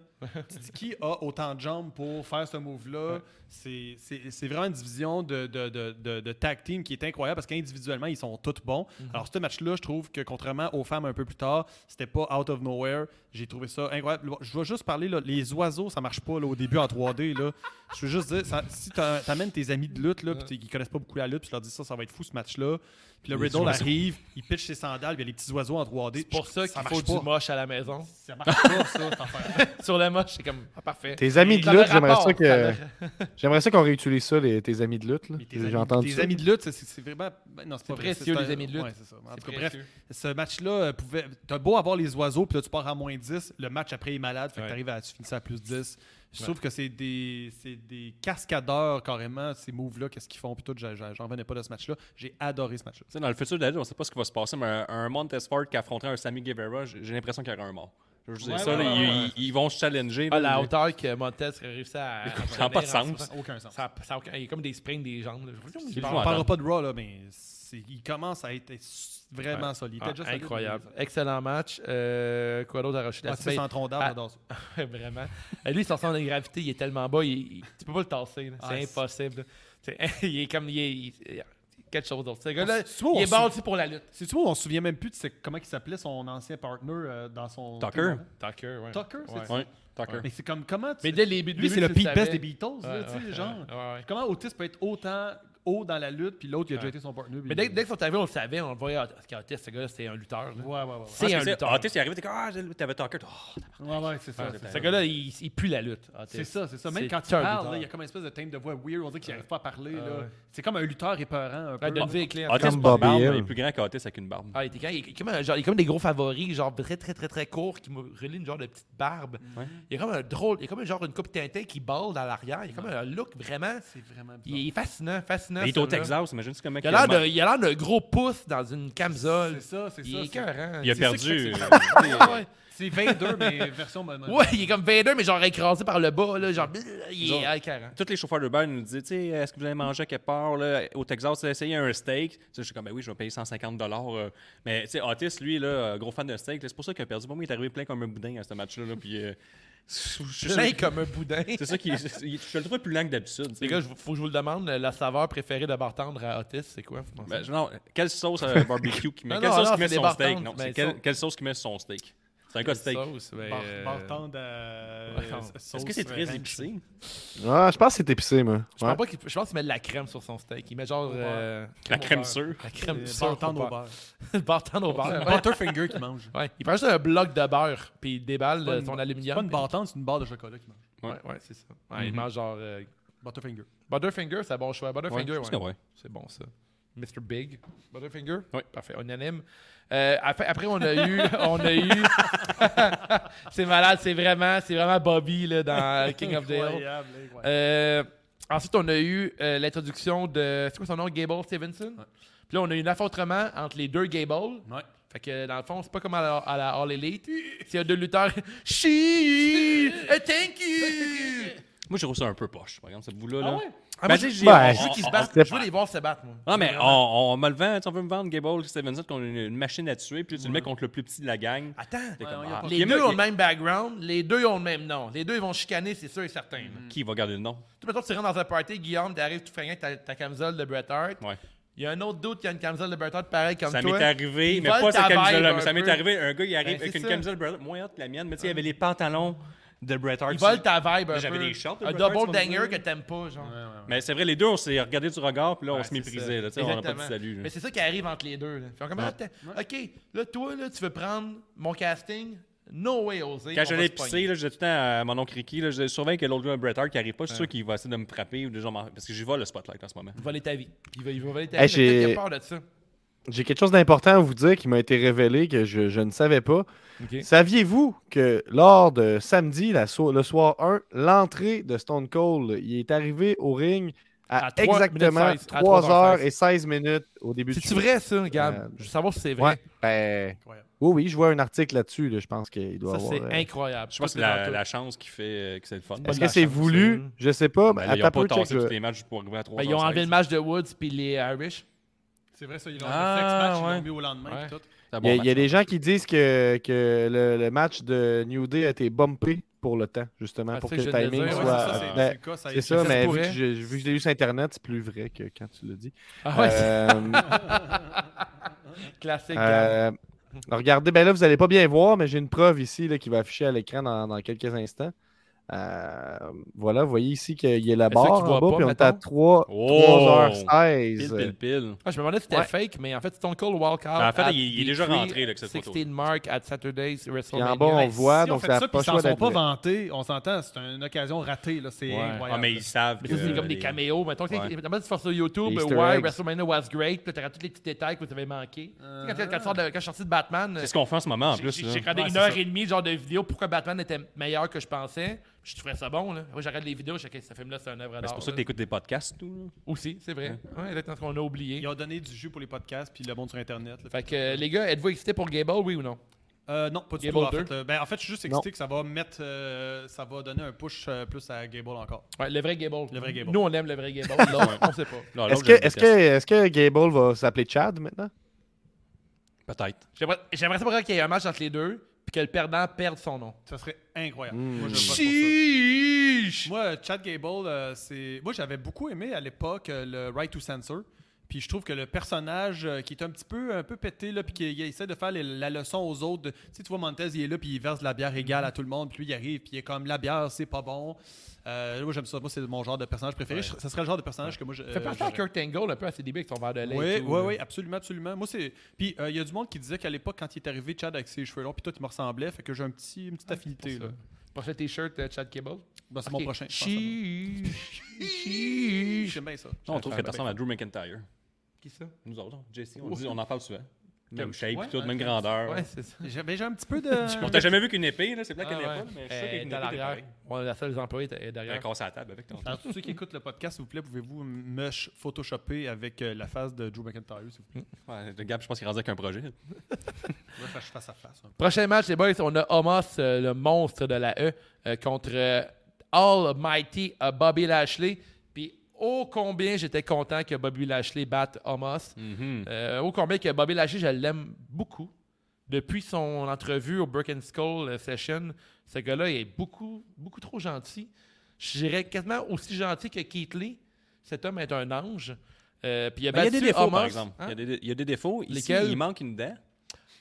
[SPEAKER 4] tu dis qui a autant de jambes pour faire ce move-là? C'est- C'est c'est vraiment une division de, de, de- de- de tag team qui est incroyable parce qu'individuellement, ils sont tous bons.
[SPEAKER 3] Mhm.
[SPEAKER 4] Alors, ce match-là, je trouve que contrairement aux femmes un peu plus tard, c'était pas out of nowhere. J'ai trouvé ça incroyable. Bon, je vais juste parler, là, les oiseaux, ça marche pas là, au début en 3D. Là. Je veux juste dire, ça- si t'as- t'amènes tes amis de lutte, là, puis t'es- ils connaissent pas beaucoup la lutte, puis tu leur dis ça, ça va être fou ce match-là. Puis le
[SPEAKER 5] Les
[SPEAKER 4] Riddle
[SPEAKER 5] oiseaux.
[SPEAKER 4] arrive, il pitch ses sandales, puis il y a les petits oiseaux en 3D.
[SPEAKER 3] C'est pour ça qu'il
[SPEAKER 4] marche
[SPEAKER 3] faut du
[SPEAKER 4] pas.
[SPEAKER 3] moche à la maison.
[SPEAKER 4] Ça marche pas, ça, cette affaire.
[SPEAKER 3] Sur le moche, c'est comme ah, parfait.
[SPEAKER 6] Tes amis de
[SPEAKER 3] Ça avait
[SPEAKER 6] lutte, j'aimerais
[SPEAKER 3] rapport,
[SPEAKER 6] ça que.
[SPEAKER 3] avait-
[SPEAKER 6] J'aimerais ça qu'on réutilise ça, les- tes amis de lutte. là.
[SPEAKER 4] Mais tes
[SPEAKER 6] J'ai
[SPEAKER 4] amis-
[SPEAKER 6] entendu
[SPEAKER 4] tes
[SPEAKER 6] ça.
[SPEAKER 4] amis de lutte, c'est- c'est c'est vraiment. ben non, c'est pas vrai,
[SPEAKER 3] précieux,
[SPEAKER 4] c'est un-
[SPEAKER 3] les amis de lutte.
[SPEAKER 4] Ouais, c'est ça. En
[SPEAKER 3] C'est
[SPEAKER 4] tout cas, bref,
[SPEAKER 3] précieux.
[SPEAKER 4] ce match-là, euh, pouvait... t'as beau avoir les oiseaux, puis là, tu pars à moins 10. Le match après est malade, fait que
[SPEAKER 5] Ouais.
[SPEAKER 4] t'arrives à tu finis ça à plus 10. Je trouve que c'est des, c'est des cascadeurs, carrément, ces moves-là, qu'est-ce qu'ils font, puis tout. j'a- j'a- J'en revenais pas de ce match-là. J'ai adoré ce match-là.
[SPEAKER 5] Tu sais, dans le futur de la lutte, on sait pas ce qui va se passer, mais un, un Montez Ford qui affronterait un Sammy Guevara, j'ai j'ai l'impression qu'il y aurait un mort. Je Je disais
[SPEAKER 3] Ouais,
[SPEAKER 5] ça,
[SPEAKER 3] ouais,
[SPEAKER 5] là,
[SPEAKER 3] ouais,
[SPEAKER 5] ils,
[SPEAKER 3] ouais.
[SPEAKER 5] ils- ils vont se challenger.
[SPEAKER 3] À
[SPEAKER 5] là,
[SPEAKER 3] Ah, la
[SPEAKER 5] mais-
[SPEAKER 3] hauteur que Montez aurait réussi à. à
[SPEAKER 5] Ça n'a pas de
[SPEAKER 3] revenir en-
[SPEAKER 5] sens.
[SPEAKER 8] Aucun sens.
[SPEAKER 3] Ça, ça a aucun- il y a comme des springs des jambes. là. Je-
[SPEAKER 5] C'est
[SPEAKER 4] On
[SPEAKER 5] Ouais,
[SPEAKER 4] parlera
[SPEAKER 5] non.
[SPEAKER 4] pas de Raw, là, mais c'est- il commence à être s- vraiment solide. Il
[SPEAKER 3] Ah,
[SPEAKER 4] était déjà solide.
[SPEAKER 3] incroyable. Excellent match. Euh, quoi d'autre à Rochelle?
[SPEAKER 4] Ah, c'est sans tronc d'arbre,
[SPEAKER 3] Ah.
[SPEAKER 4] j'adore ça.
[SPEAKER 3] Ouais, Vraiment. Euh, Lui, son centre de gravité, il est tellement bas, il, il- tu peux pas le tasser. là. C'est
[SPEAKER 4] Ah,
[SPEAKER 3] impossible. là. C'est- il est comme. Il est, il- quelque chose d'autre. Ce gars-là,
[SPEAKER 4] Tu vois, on
[SPEAKER 3] il est
[SPEAKER 4] se-
[SPEAKER 3] bâti pour la lutte.
[SPEAKER 4] C'est-tu moi, on se souvient même plus de c'est- comment il s'appelait son ancien partner euh, dans son. hein?
[SPEAKER 5] Tucker.
[SPEAKER 3] Tucker, ouais.
[SPEAKER 4] Tucker, c'est ça?
[SPEAKER 5] Ouais, Tucker.
[SPEAKER 4] Mais c'est comme comment tu-
[SPEAKER 3] Mais dès les débuts,
[SPEAKER 4] Lui, c'est le Pete Best des
[SPEAKER 3] billes.
[SPEAKER 4] Beatles, là, tu sais, genre.
[SPEAKER 3] ouais.
[SPEAKER 4] Comment Otis peut être autant haut dans la lutte, puis l'autre, il a déjà
[SPEAKER 3] Ouais.
[SPEAKER 4] été son partner.
[SPEAKER 3] Mais dès,
[SPEAKER 4] puis-
[SPEAKER 3] dès qu'ils sont arrivés, on le savait, on le voyait. ah, Otis, ce gars-là, c'est un lutteur. là.
[SPEAKER 4] Ouais, ouais, ouais. ouais.
[SPEAKER 3] C'est un lutteur.
[SPEAKER 5] Otis, il est arrivé, t'es comme, ah, j'ai- t'avais Tucker. Oh,
[SPEAKER 4] Ouais, ouais, c'est ça. c'est
[SPEAKER 3] Ce
[SPEAKER 4] ça.
[SPEAKER 3] gars-là, il, il pue la lutte. Ah, Otis.
[SPEAKER 4] C'est ça, c'est ça. Même
[SPEAKER 3] C'est
[SPEAKER 4] quand il
[SPEAKER 3] un
[SPEAKER 4] parle,
[SPEAKER 3] lutteur.
[SPEAKER 4] là, il y a comme une espèce de thème de voix weird. On dirait qu'il n'arrive pas à parler.
[SPEAKER 3] Ah,
[SPEAKER 4] là.
[SPEAKER 3] ouais.
[SPEAKER 4] C'est comme un lutteur épeurant un peu.
[SPEAKER 3] Ouais, Dundee est clair.
[SPEAKER 5] Otis,
[SPEAKER 6] Comme
[SPEAKER 5] pas de
[SPEAKER 6] Bobby
[SPEAKER 5] barbe,
[SPEAKER 6] Hill.
[SPEAKER 5] mais il est plus grand qu'Otis avec une barbe.
[SPEAKER 3] Ah, il, était quand- il est comme un genre- il est comme des gros favoris, genre très très très très court, qui me relie une genre de petite barbe.
[SPEAKER 5] Ouais.
[SPEAKER 3] Il est comme un drôle, il est comme un genre une coupe Tintin qui balle dans l'arrière. Il est comme un look vraiment.
[SPEAKER 4] C'est vraiment bizarre.
[SPEAKER 3] Il est fascinant, fascinant.
[SPEAKER 5] Il est
[SPEAKER 3] ce
[SPEAKER 5] au
[SPEAKER 3] gars-là.
[SPEAKER 5] Texas, imagine c'est comment
[SPEAKER 3] Il a l'air de- il a l'air d'un gros pouce dans une camisole.
[SPEAKER 4] C'est ça, c'est ça.
[SPEAKER 3] Il est
[SPEAKER 4] c'est-
[SPEAKER 3] écœurant.
[SPEAKER 5] Il a
[SPEAKER 3] C'est
[SPEAKER 5] perdu. euh,
[SPEAKER 3] ouais.
[SPEAKER 4] C'est 22, mais version moderne.
[SPEAKER 3] ouais, il est comme Vader, mais genre écrasé par le bas, là, genre il est
[SPEAKER 5] Genre-
[SPEAKER 3] écœurant.
[SPEAKER 5] Tous les chauffeurs d'Uber nous disaient, tu sais, est-ce que vous avez mangé à quelque part là, au Texas, essayez un steak. Tu sais, Je suis comme, ben oui, je vais payer 150 euh. Mais tu sais, Otis, lui, là, euh, gros fan de steak, là, c'est pour ça qu'il a perdu. Pour moi, il est arrivé plein comme un boudin à ce match-là. là, puis, euh, je suis sûr-
[SPEAKER 3] Plein comme un boudin.
[SPEAKER 5] c'est ça qui. il- Je le trouvais plus lent que d'habitude. tu sais.
[SPEAKER 3] Les gars, je- faut que je vous le demande, la saveur préférée de bartendre à Otis, c'est quoi? vous pensez?
[SPEAKER 5] Ben, je- non, quelle sauce euh, barbecue qui met,
[SPEAKER 3] Non,
[SPEAKER 5] quelle
[SPEAKER 3] non,
[SPEAKER 5] sauce
[SPEAKER 3] non,
[SPEAKER 5] qui met
[SPEAKER 3] c'est
[SPEAKER 5] son
[SPEAKER 3] des
[SPEAKER 5] steak?
[SPEAKER 3] bartendes,
[SPEAKER 5] Non,
[SPEAKER 3] mais
[SPEAKER 5] c'est quel-
[SPEAKER 3] ça-
[SPEAKER 5] quelle sauce qui met son steak? C'est un cas de steak.
[SPEAKER 3] Sauce, ben, euh,
[SPEAKER 4] Bartende,
[SPEAKER 3] ouais, non.
[SPEAKER 4] euh,
[SPEAKER 5] Est-ce que c'est très épicé?
[SPEAKER 6] Ah, je pense que c'est épicé, moi.
[SPEAKER 3] Je,
[SPEAKER 6] Ouais.
[SPEAKER 3] pense pas qu'il- je pense qu'il met de la crème sur son steak. Il met genre.
[SPEAKER 4] Au beurre.
[SPEAKER 3] euh,
[SPEAKER 5] La crème
[SPEAKER 3] au beurre.
[SPEAKER 5] sûre.
[SPEAKER 3] La crème sûre.
[SPEAKER 4] Bartende
[SPEAKER 3] au
[SPEAKER 4] Euh, au
[SPEAKER 3] beurre.
[SPEAKER 4] beurre.
[SPEAKER 3] Le bartende au beurre. ouais.
[SPEAKER 4] Butterfinger qui mange.
[SPEAKER 3] Ouais. Il prend juste un bloc de beurre, puis il déballe
[SPEAKER 4] pas
[SPEAKER 3] euh,
[SPEAKER 4] une-
[SPEAKER 3] son
[SPEAKER 4] C'est pas
[SPEAKER 3] aluminium.
[SPEAKER 4] une bartende, c'est une barre de chocolat qui mange.
[SPEAKER 3] Ouais, ouais, c'est ça. Ouais, Il
[SPEAKER 5] Mhm.
[SPEAKER 3] mange genre. euh,
[SPEAKER 4] Butterfinger.
[SPEAKER 3] Butterfinger, c'est un bon choix. Butterfinger,
[SPEAKER 5] Ouais,
[SPEAKER 3] ouais.
[SPEAKER 5] c'est vrai.
[SPEAKER 3] C'est bon ça. Mr. Big. Butterfinger?
[SPEAKER 5] Ouais.
[SPEAKER 3] Parfait. Unanime. Euh, après, après, on a eu. on a eu. c'est malade, c'est vraiment, c'est vraiment Bobby là, dans King of the Hill. Euh, ensuite, on a eu euh, l'introduction de. C'est quoi son nom Gable Stevenson Puis là, on a eu un affrontement entre les deux Gable.
[SPEAKER 4] Ouais.
[SPEAKER 3] Fait que dans le fond, c'est pas comme à la, à la All Elite. S'il y a deux lutteurs. She uh, Thank you
[SPEAKER 5] Moi, je trouve ça un peu poche. Par exemple, cette boule-là. là.
[SPEAKER 3] Ah,
[SPEAKER 5] Ben,
[SPEAKER 3] moi,
[SPEAKER 5] tu sais,
[SPEAKER 3] je,
[SPEAKER 5] j'ai-
[SPEAKER 6] ben,
[SPEAKER 3] je veux qu'ils se
[SPEAKER 5] on-
[SPEAKER 3] battent.
[SPEAKER 6] on-
[SPEAKER 3] Je veux les voir se battre, moi.
[SPEAKER 5] Non, mais on, on me le vend. tu sais, On veut me vendre Gable Stevenson qu'on a une, une machine à tuer, puis là, tu le mets contre le plus petit de la gang.
[SPEAKER 3] Attends.
[SPEAKER 5] T'es
[SPEAKER 4] Ouais,
[SPEAKER 5] comme,
[SPEAKER 4] on y a
[SPEAKER 5] ah.
[SPEAKER 4] pas-
[SPEAKER 5] Il y
[SPEAKER 3] Les
[SPEAKER 5] a
[SPEAKER 3] deux
[SPEAKER 5] même-
[SPEAKER 3] ont le même background, les deux ont le même nom. Les deux ils vont chicaner, c'est sûr et certain. là.
[SPEAKER 5] Qui va garder le nom?
[SPEAKER 3] Tu mettons, tu rentres dans un party, Guillaume, t'arrives tout fringant avec ta, ta camisole de Bret Hart.
[SPEAKER 5] Ouais.
[SPEAKER 3] Il y a un autre doute qui a une camisole de Bret Hart pareil comme
[SPEAKER 5] Ça
[SPEAKER 3] toi.
[SPEAKER 5] m'est arrivé,
[SPEAKER 3] Ils
[SPEAKER 5] mais
[SPEAKER 3] volent
[SPEAKER 5] pas
[SPEAKER 3] ta
[SPEAKER 5] cette camisole-là.
[SPEAKER 3] vibe
[SPEAKER 5] mais
[SPEAKER 3] un
[SPEAKER 5] Ça m'est
[SPEAKER 3] peu.
[SPEAKER 5] arrivé, un gars, il arrive
[SPEAKER 3] Ben,
[SPEAKER 5] avec
[SPEAKER 3] c'est
[SPEAKER 5] une
[SPEAKER 3] ça.
[SPEAKER 5] camisole Bret Hart moins haute que la mienne, mais tu sais, il y avait les pantalons de Bret Hart.
[SPEAKER 3] Ils volent ta vibe un
[SPEAKER 5] J'avais
[SPEAKER 3] peu.
[SPEAKER 5] des shorts de
[SPEAKER 3] Un
[SPEAKER 5] Bret Hart,
[SPEAKER 3] double
[SPEAKER 5] tu vas me
[SPEAKER 3] danger que
[SPEAKER 5] dire.
[SPEAKER 3] t'aimes pas, genre.
[SPEAKER 5] Mais c'est vrai, les deux, on s'est regardé du regard, puis là, on
[SPEAKER 3] Ouais,
[SPEAKER 5] se
[SPEAKER 3] c'est
[SPEAKER 5] méprisait.
[SPEAKER 3] ça.
[SPEAKER 5] Là, tu sais, on n'a pas de
[SPEAKER 3] Exactement.
[SPEAKER 5] salut. là.
[SPEAKER 3] Mais c'est ça qui arrive entre les deux. là. Fait comme, attends, OK, là, toi, là, tu veux prendre mon casting? No way, Osé.
[SPEAKER 5] Quand
[SPEAKER 3] on va
[SPEAKER 5] j'allais
[SPEAKER 3] se pogner.
[SPEAKER 5] pisser, là, je disais tout le temps à mon oncle Ricky, là, je surveille que l'autre gars, Bret Hart, qui arrive pas, je suis sûr qu'il va essayer de me frapper ou de genre, m'en- parce que j'y vois le spotlight en ce moment.
[SPEAKER 3] Voler ta vie. Il va, il va voler ta
[SPEAKER 6] Hey,
[SPEAKER 3] vie. mais
[SPEAKER 6] j'ai-
[SPEAKER 3] peut-être qu'il a peur de ça.
[SPEAKER 6] J'ai quelque chose d'important à vous dire qui m'a été révélé que je, je ne savais pas.
[SPEAKER 3] Ok.
[SPEAKER 6] Saviez-vous que lors de samedi, la so- le soir 1, l'entrée de Stone Cold, il est arrivé au ring à,
[SPEAKER 3] À trois
[SPEAKER 6] exactement
[SPEAKER 3] minutes seize, à
[SPEAKER 6] 3h
[SPEAKER 3] trois
[SPEAKER 6] et 16 minutes au début du
[SPEAKER 3] C'est-tu
[SPEAKER 6] show.
[SPEAKER 3] vrai, ça, Gab?
[SPEAKER 6] Euh,
[SPEAKER 3] Je veux savoir si c'est vrai.
[SPEAKER 6] Ouais, ben,
[SPEAKER 4] Incroyable.
[SPEAKER 6] oui, oui, je vois un article là-dessus. là, je pense qu'il doit
[SPEAKER 3] Ça,
[SPEAKER 6] avoir.
[SPEAKER 3] c'est
[SPEAKER 6] euh,
[SPEAKER 3] incroyable.
[SPEAKER 5] Je pense que c'est la, la chance qui fait euh, que c'est le fun.
[SPEAKER 3] Est-ce
[SPEAKER 5] Ben,
[SPEAKER 6] Est-ce
[SPEAKER 3] la
[SPEAKER 6] que c'est
[SPEAKER 3] chance,
[SPEAKER 6] voulu?
[SPEAKER 3] euh.
[SPEAKER 6] Je sais pas. mais
[SPEAKER 5] là, ils
[SPEAKER 6] attends
[SPEAKER 5] ont
[SPEAKER 6] un
[SPEAKER 5] pas
[SPEAKER 6] peu, check,
[SPEAKER 5] tassé
[SPEAKER 6] je-
[SPEAKER 5] tous les matchs pour arriver à 3
[SPEAKER 3] Ben, ils ont enlevé le match de Woods puis les Irish.
[SPEAKER 4] C'est vrai, ça, ils l'ont
[SPEAKER 5] Ah,
[SPEAKER 4] fait match, ils
[SPEAKER 5] ouais.
[SPEAKER 4] l'ont mis au lendemain.
[SPEAKER 3] Ouais.
[SPEAKER 4] puis tout.
[SPEAKER 6] Il y a, il y a des
[SPEAKER 5] hein.
[SPEAKER 6] gens qui disent que, que le, le match de New Day a été bumpé pour le temps, justement,
[SPEAKER 3] Ah,
[SPEAKER 6] pour
[SPEAKER 3] c'est
[SPEAKER 6] que
[SPEAKER 3] que
[SPEAKER 6] le
[SPEAKER 3] je viens de
[SPEAKER 6] timing
[SPEAKER 3] dire,
[SPEAKER 4] Ouais,
[SPEAKER 6] soit.
[SPEAKER 3] ouais,
[SPEAKER 4] c'est ça, c'est-
[SPEAKER 6] Ben,
[SPEAKER 4] c'est le cas, ça a
[SPEAKER 6] c'est
[SPEAKER 4] été-
[SPEAKER 6] ça,
[SPEAKER 3] ça se
[SPEAKER 6] mais vu
[SPEAKER 3] pourrait.
[SPEAKER 6] que, j'ai, vu que j'ai lu sur Internet, c'est plus vrai que quand tu l'as dit.
[SPEAKER 3] Ah ouais,
[SPEAKER 6] Euh,
[SPEAKER 3] c'est classique. Gab.
[SPEAKER 6] euh, regardez, ben là, vous n'allez pas bien voir, mais j'ai une preuve ici là, qui va afficher à l'écran dans, dans quelques instants. Euh, voilà, vous voyez ici qu'il y a la
[SPEAKER 3] Mais ceux qui
[SPEAKER 6] barre en
[SPEAKER 3] voient
[SPEAKER 6] bas,
[SPEAKER 3] pas,
[SPEAKER 6] puis on est à
[SPEAKER 3] mettons.
[SPEAKER 6] 3,
[SPEAKER 5] Oh! Pile,
[SPEAKER 6] 3h16.
[SPEAKER 5] pile, pile.
[SPEAKER 3] Ah, je me demandais si c'était
[SPEAKER 6] ouais.
[SPEAKER 3] fake, mais en fait, Stone Cold Walkout.
[SPEAKER 5] Ben, en fait,
[SPEAKER 3] at
[SPEAKER 5] il- il est déjà
[SPEAKER 3] Detroit,
[SPEAKER 5] rentré, là, avec cette photo.
[SPEAKER 3] 16 mark at Saturday's
[SPEAKER 6] Puis
[SPEAKER 3] WrestleMania.
[SPEAKER 6] en bas, on
[SPEAKER 4] Hey,
[SPEAKER 6] voit,
[SPEAKER 4] si on
[SPEAKER 6] donc
[SPEAKER 4] fait
[SPEAKER 6] ça
[SPEAKER 4] ça,
[SPEAKER 6] n'a
[SPEAKER 4] puis
[SPEAKER 6] pas
[SPEAKER 4] ils s'en
[SPEAKER 6] choix
[SPEAKER 4] sont
[SPEAKER 6] d'être
[SPEAKER 4] pas
[SPEAKER 6] vrai.
[SPEAKER 4] vantés, on s'entend, c'est une occasion ratée, là, c'est
[SPEAKER 3] Ouais.
[SPEAKER 5] Ah,
[SPEAKER 4] incroyable.
[SPEAKER 5] mais ils savent.
[SPEAKER 3] Mais ça, c'est
[SPEAKER 5] que
[SPEAKER 3] comme des
[SPEAKER 5] Euh, les-
[SPEAKER 3] caméos. Mettons, tu sais,
[SPEAKER 5] Ouais.
[SPEAKER 3] mettons, tu fais sur YouTube,
[SPEAKER 6] Des
[SPEAKER 3] euh,
[SPEAKER 6] Easter
[SPEAKER 3] Why
[SPEAKER 6] eggs.
[SPEAKER 3] WrestleMania was great. Puis là, t'auras tous les petits détails que vous avez manqués. Tu sais, Quand, quand, tu sors de- quand je suis sorti de Batman, euh,
[SPEAKER 5] C'est ce qu'on fait en ce moment, en
[SPEAKER 3] j'ai-
[SPEAKER 5] plus.
[SPEAKER 3] j'ai
[SPEAKER 5] là.
[SPEAKER 3] j'ai regardé
[SPEAKER 4] Ouais,
[SPEAKER 3] une
[SPEAKER 4] c'est
[SPEAKER 3] heure
[SPEAKER 4] ça.
[SPEAKER 3] et demie genre de vidéo pourquoi Batman était meilleur que je pensais. Je trouvais ça bon. Là. Moi, j'arrête les vidéos, je sais que ce film-là, c'est un œuvre
[SPEAKER 5] Ben,
[SPEAKER 3] d'art.
[SPEAKER 5] C'est pour ça que
[SPEAKER 3] là.
[SPEAKER 5] tu écoutes des podcasts, tout.
[SPEAKER 3] Aussi, c'est vrai. Ouais, exactement ce qu'on a oublié.
[SPEAKER 4] Ils ont donné du jus pour les podcasts, puis le monde sur Internet. là.
[SPEAKER 3] Fait que, euh, les gars, êtes-vous excités pour Gable, oui ou non?
[SPEAKER 4] Euh, non, pas du
[SPEAKER 3] Gable
[SPEAKER 4] tout. En
[SPEAKER 3] 2.
[SPEAKER 4] fait, Euh, ben, en fait, je suis juste excité que ça va mettre, euh, ça va donner un push euh, plus à Gable encore.
[SPEAKER 3] Ouais, le vrai Gable.
[SPEAKER 4] Le vrai Gable.
[SPEAKER 3] Nous, on aime le vrai Gable. L'autre, on sait pas.
[SPEAKER 5] Non,
[SPEAKER 6] Est-ce
[SPEAKER 5] l'autre,
[SPEAKER 6] que,
[SPEAKER 5] je le
[SPEAKER 6] est que,
[SPEAKER 5] déteste.
[SPEAKER 6] est que Gable va s'appeler Chad maintenant?
[SPEAKER 5] Peut-être.
[SPEAKER 3] J'aimerais, j'aimerais savoir qu'il y ait un match entre les deux, puis que le perdant perde son nom.
[SPEAKER 4] Ça serait incroyable.
[SPEAKER 6] Mm.
[SPEAKER 4] Moi, je vote pour ça.
[SPEAKER 3] Chiche!
[SPEAKER 4] Moi, Chad Gable, euh, c'est. Moi, j'avais beaucoup aimé à l'époque euh, le Right to Censor. Puis je trouve que le personnage euh, qui est un petit peu, un peu pété, là, puis qui il essaie de faire les- la leçon aux autres. de- Tu sais, tu vois, Montez, il est là, puis il verse de la bière égale
[SPEAKER 3] Mm-hmm.
[SPEAKER 4] à tout le monde, puis lui, il arrive, puis il est comme la bière, c'est pas bon. Euh, moi, j'aime ça. Moi, c'est mon genre de personnage préféré. Je- Ça serait le genre de personnage que moi, je.
[SPEAKER 3] Ça fait
[SPEAKER 4] euh,
[SPEAKER 3] penser à
[SPEAKER 4] j'aurais.
[SPEAKER 3] Kurt Angle un peu à ses débuts avec son verre de lait. et
[SPEAKER 4] Oui,
[SPEAKER 3] tout,
[SPEAKER 4] oui,
[SPEAKER 3] là.
[SPEAKER 4] oui, absolument, absolument. Moi, c'est. Puis, euh, il y a du monde qui disait qu'à l'époque, quand il est arrivé, Chad avec ses cheveux longs, puis toi, tu me ressemblais, fait que j'ai un petit, une petite affinité.
[SPEAKER 3] Ah, pour
[SPEAKER 4] là.
[SPEAKER 3] ça. Prochain t-shirt, euh, Chad Gable.
[SPEAKER 4] Ben, c'est mon
[SPEAKER 3] Ok.
[SPEAKER 4] prochain. je pense.
[SPEAKER 3] Chiche! Chiche!
[SPEAKER 4] J'aime bien ça.
[SPEAKER 5] Non, on trouve que
[SPEAKER 3] ben,
[SPEAKER 5] ça ressemble à Drew McIntyre.
[SPEAKER 3] Qui ça?
[SPEAKER 5] Nous autres, on- JC, on, dit, on en parle souvent. Même shape,
[SPEAKER 3] Ouais,
[SPEAKER 5] tout,
[SPEAKER 3] ouais,
[SPEAKER 5] même
[SPEAKER 3] ok.
[SPEAKER 5] grandeur.
[SPEAKER 3] Ouais, c'est ça.
[SPEAKER 4] J'ai ben, j'ai un petit peu de.
[SPEAKER 5] On t'a jamais vu qu'une épée, là, c'est vrai
[SPEAKER 3] Ah,
[SPEAKER 5] qu'elle n'est
[SPEAKER 3] ouais.
[SPEAKER 5] pas, mais je suis sûr qu'avec
[SPEAKER 3] Euh,
[SPEAKER 5] une
[SPEAKER 3] dans
[SPEAKER 5] épée, t'es
[SPEAKER 3] l'arrière.
[SPEAKER 5] pareil.
[SPEAKER 3] Ouais, la seule employée était- est derrière.
[SPEAKER 5] Elle casse la table avec ton
[SPEAKER 4] Alors, tous ceux qui écoutent le podcast, s'il vous plaît, pouvez-vous me ch- photoshopper avec euh, la face de Drew McIntyre, s'il vous plaît?
[SPEAKER 5] Ouais, le Gab, je pense qu'il est rendu avec un projet.
[SPEAKER 4] Je vais faire face à face. un peu.
[SPEAKER 3] Prochain match, les boys, on a Homos, euh, le monstre de la E, euh, contre euh, Almighty euh, Bobby Lashley. Puis, ô combien j'étais content que Bobby Lashley batte Homos. Euh, ô combien que Bobby Lashley, je l'aime beaucoup. Depuis son entrevue au Broken Skull euh, Session, ce gars-là il est beaucoup, beaucoup trop gentil. Je dirais quasiment aussi gentil que Keith Lee. Cet homme est un ange. Euh, puis il a
[SPEAKER 5] Ben, il y a des
[SPEAKER 3] battu
[SPEAKER 5] défauts, par
[SPEAKER 3] Omos.
[SPEAKER 5] exemple.
[SPEAKER 3] Hein?
[SPEAKER 5] Il, y a des, il y a des défauts. Ici,
[SPEAKER 3] Lesquels?
[SPEAKER 5] il manque une dent.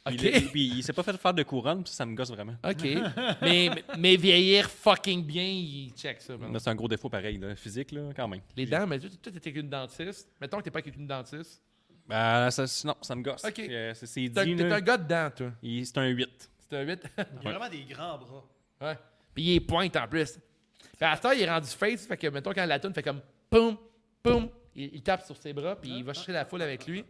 [SPEAKER 3] Ok.
[SPEAKER 5] Il est- puis il s'est pas fait faire de couronne, puis ça me gosse vraiment.
[SPEAKER 3] OK. mais, mais vieillir fucking bien, il check ça. man.
[SPEAKER 5] Là, c'est un gros défaut pareil, là, physique, là, quand même.
[SPEAKER 3] Les dents, mais toi, toi, t'étais qu'une dentiste. Mettons que t'es pas qu'une dentiste.
[SPEAKER 5] Ben, ça, non, ça me gosse.
[SPEAKER 3] Ok.
[SPEAKER 5] Euh, c'est, c'est
[SPEAKER 3] T'es un-
[SPEAKER 5] dit,
[SPEAKER 3] t'es
[SPEAKER 5] là,
[SPEAKER 3] un gars de dents, toi.
[SPEAKER 5] il- c'est un 8.
[SPEAKER 3] C'est un 8.
[SPEAKER 4] Il a vraiment des grands bras.
[SPEAKER 3] ouais. Puis il est pointe en plus. Puis à ce temps, il est rendu face. Fait que, mettons, quand la toune fait comme poum, poum, il, il tape sur ses bras, puis il va chercher la foule avec lui.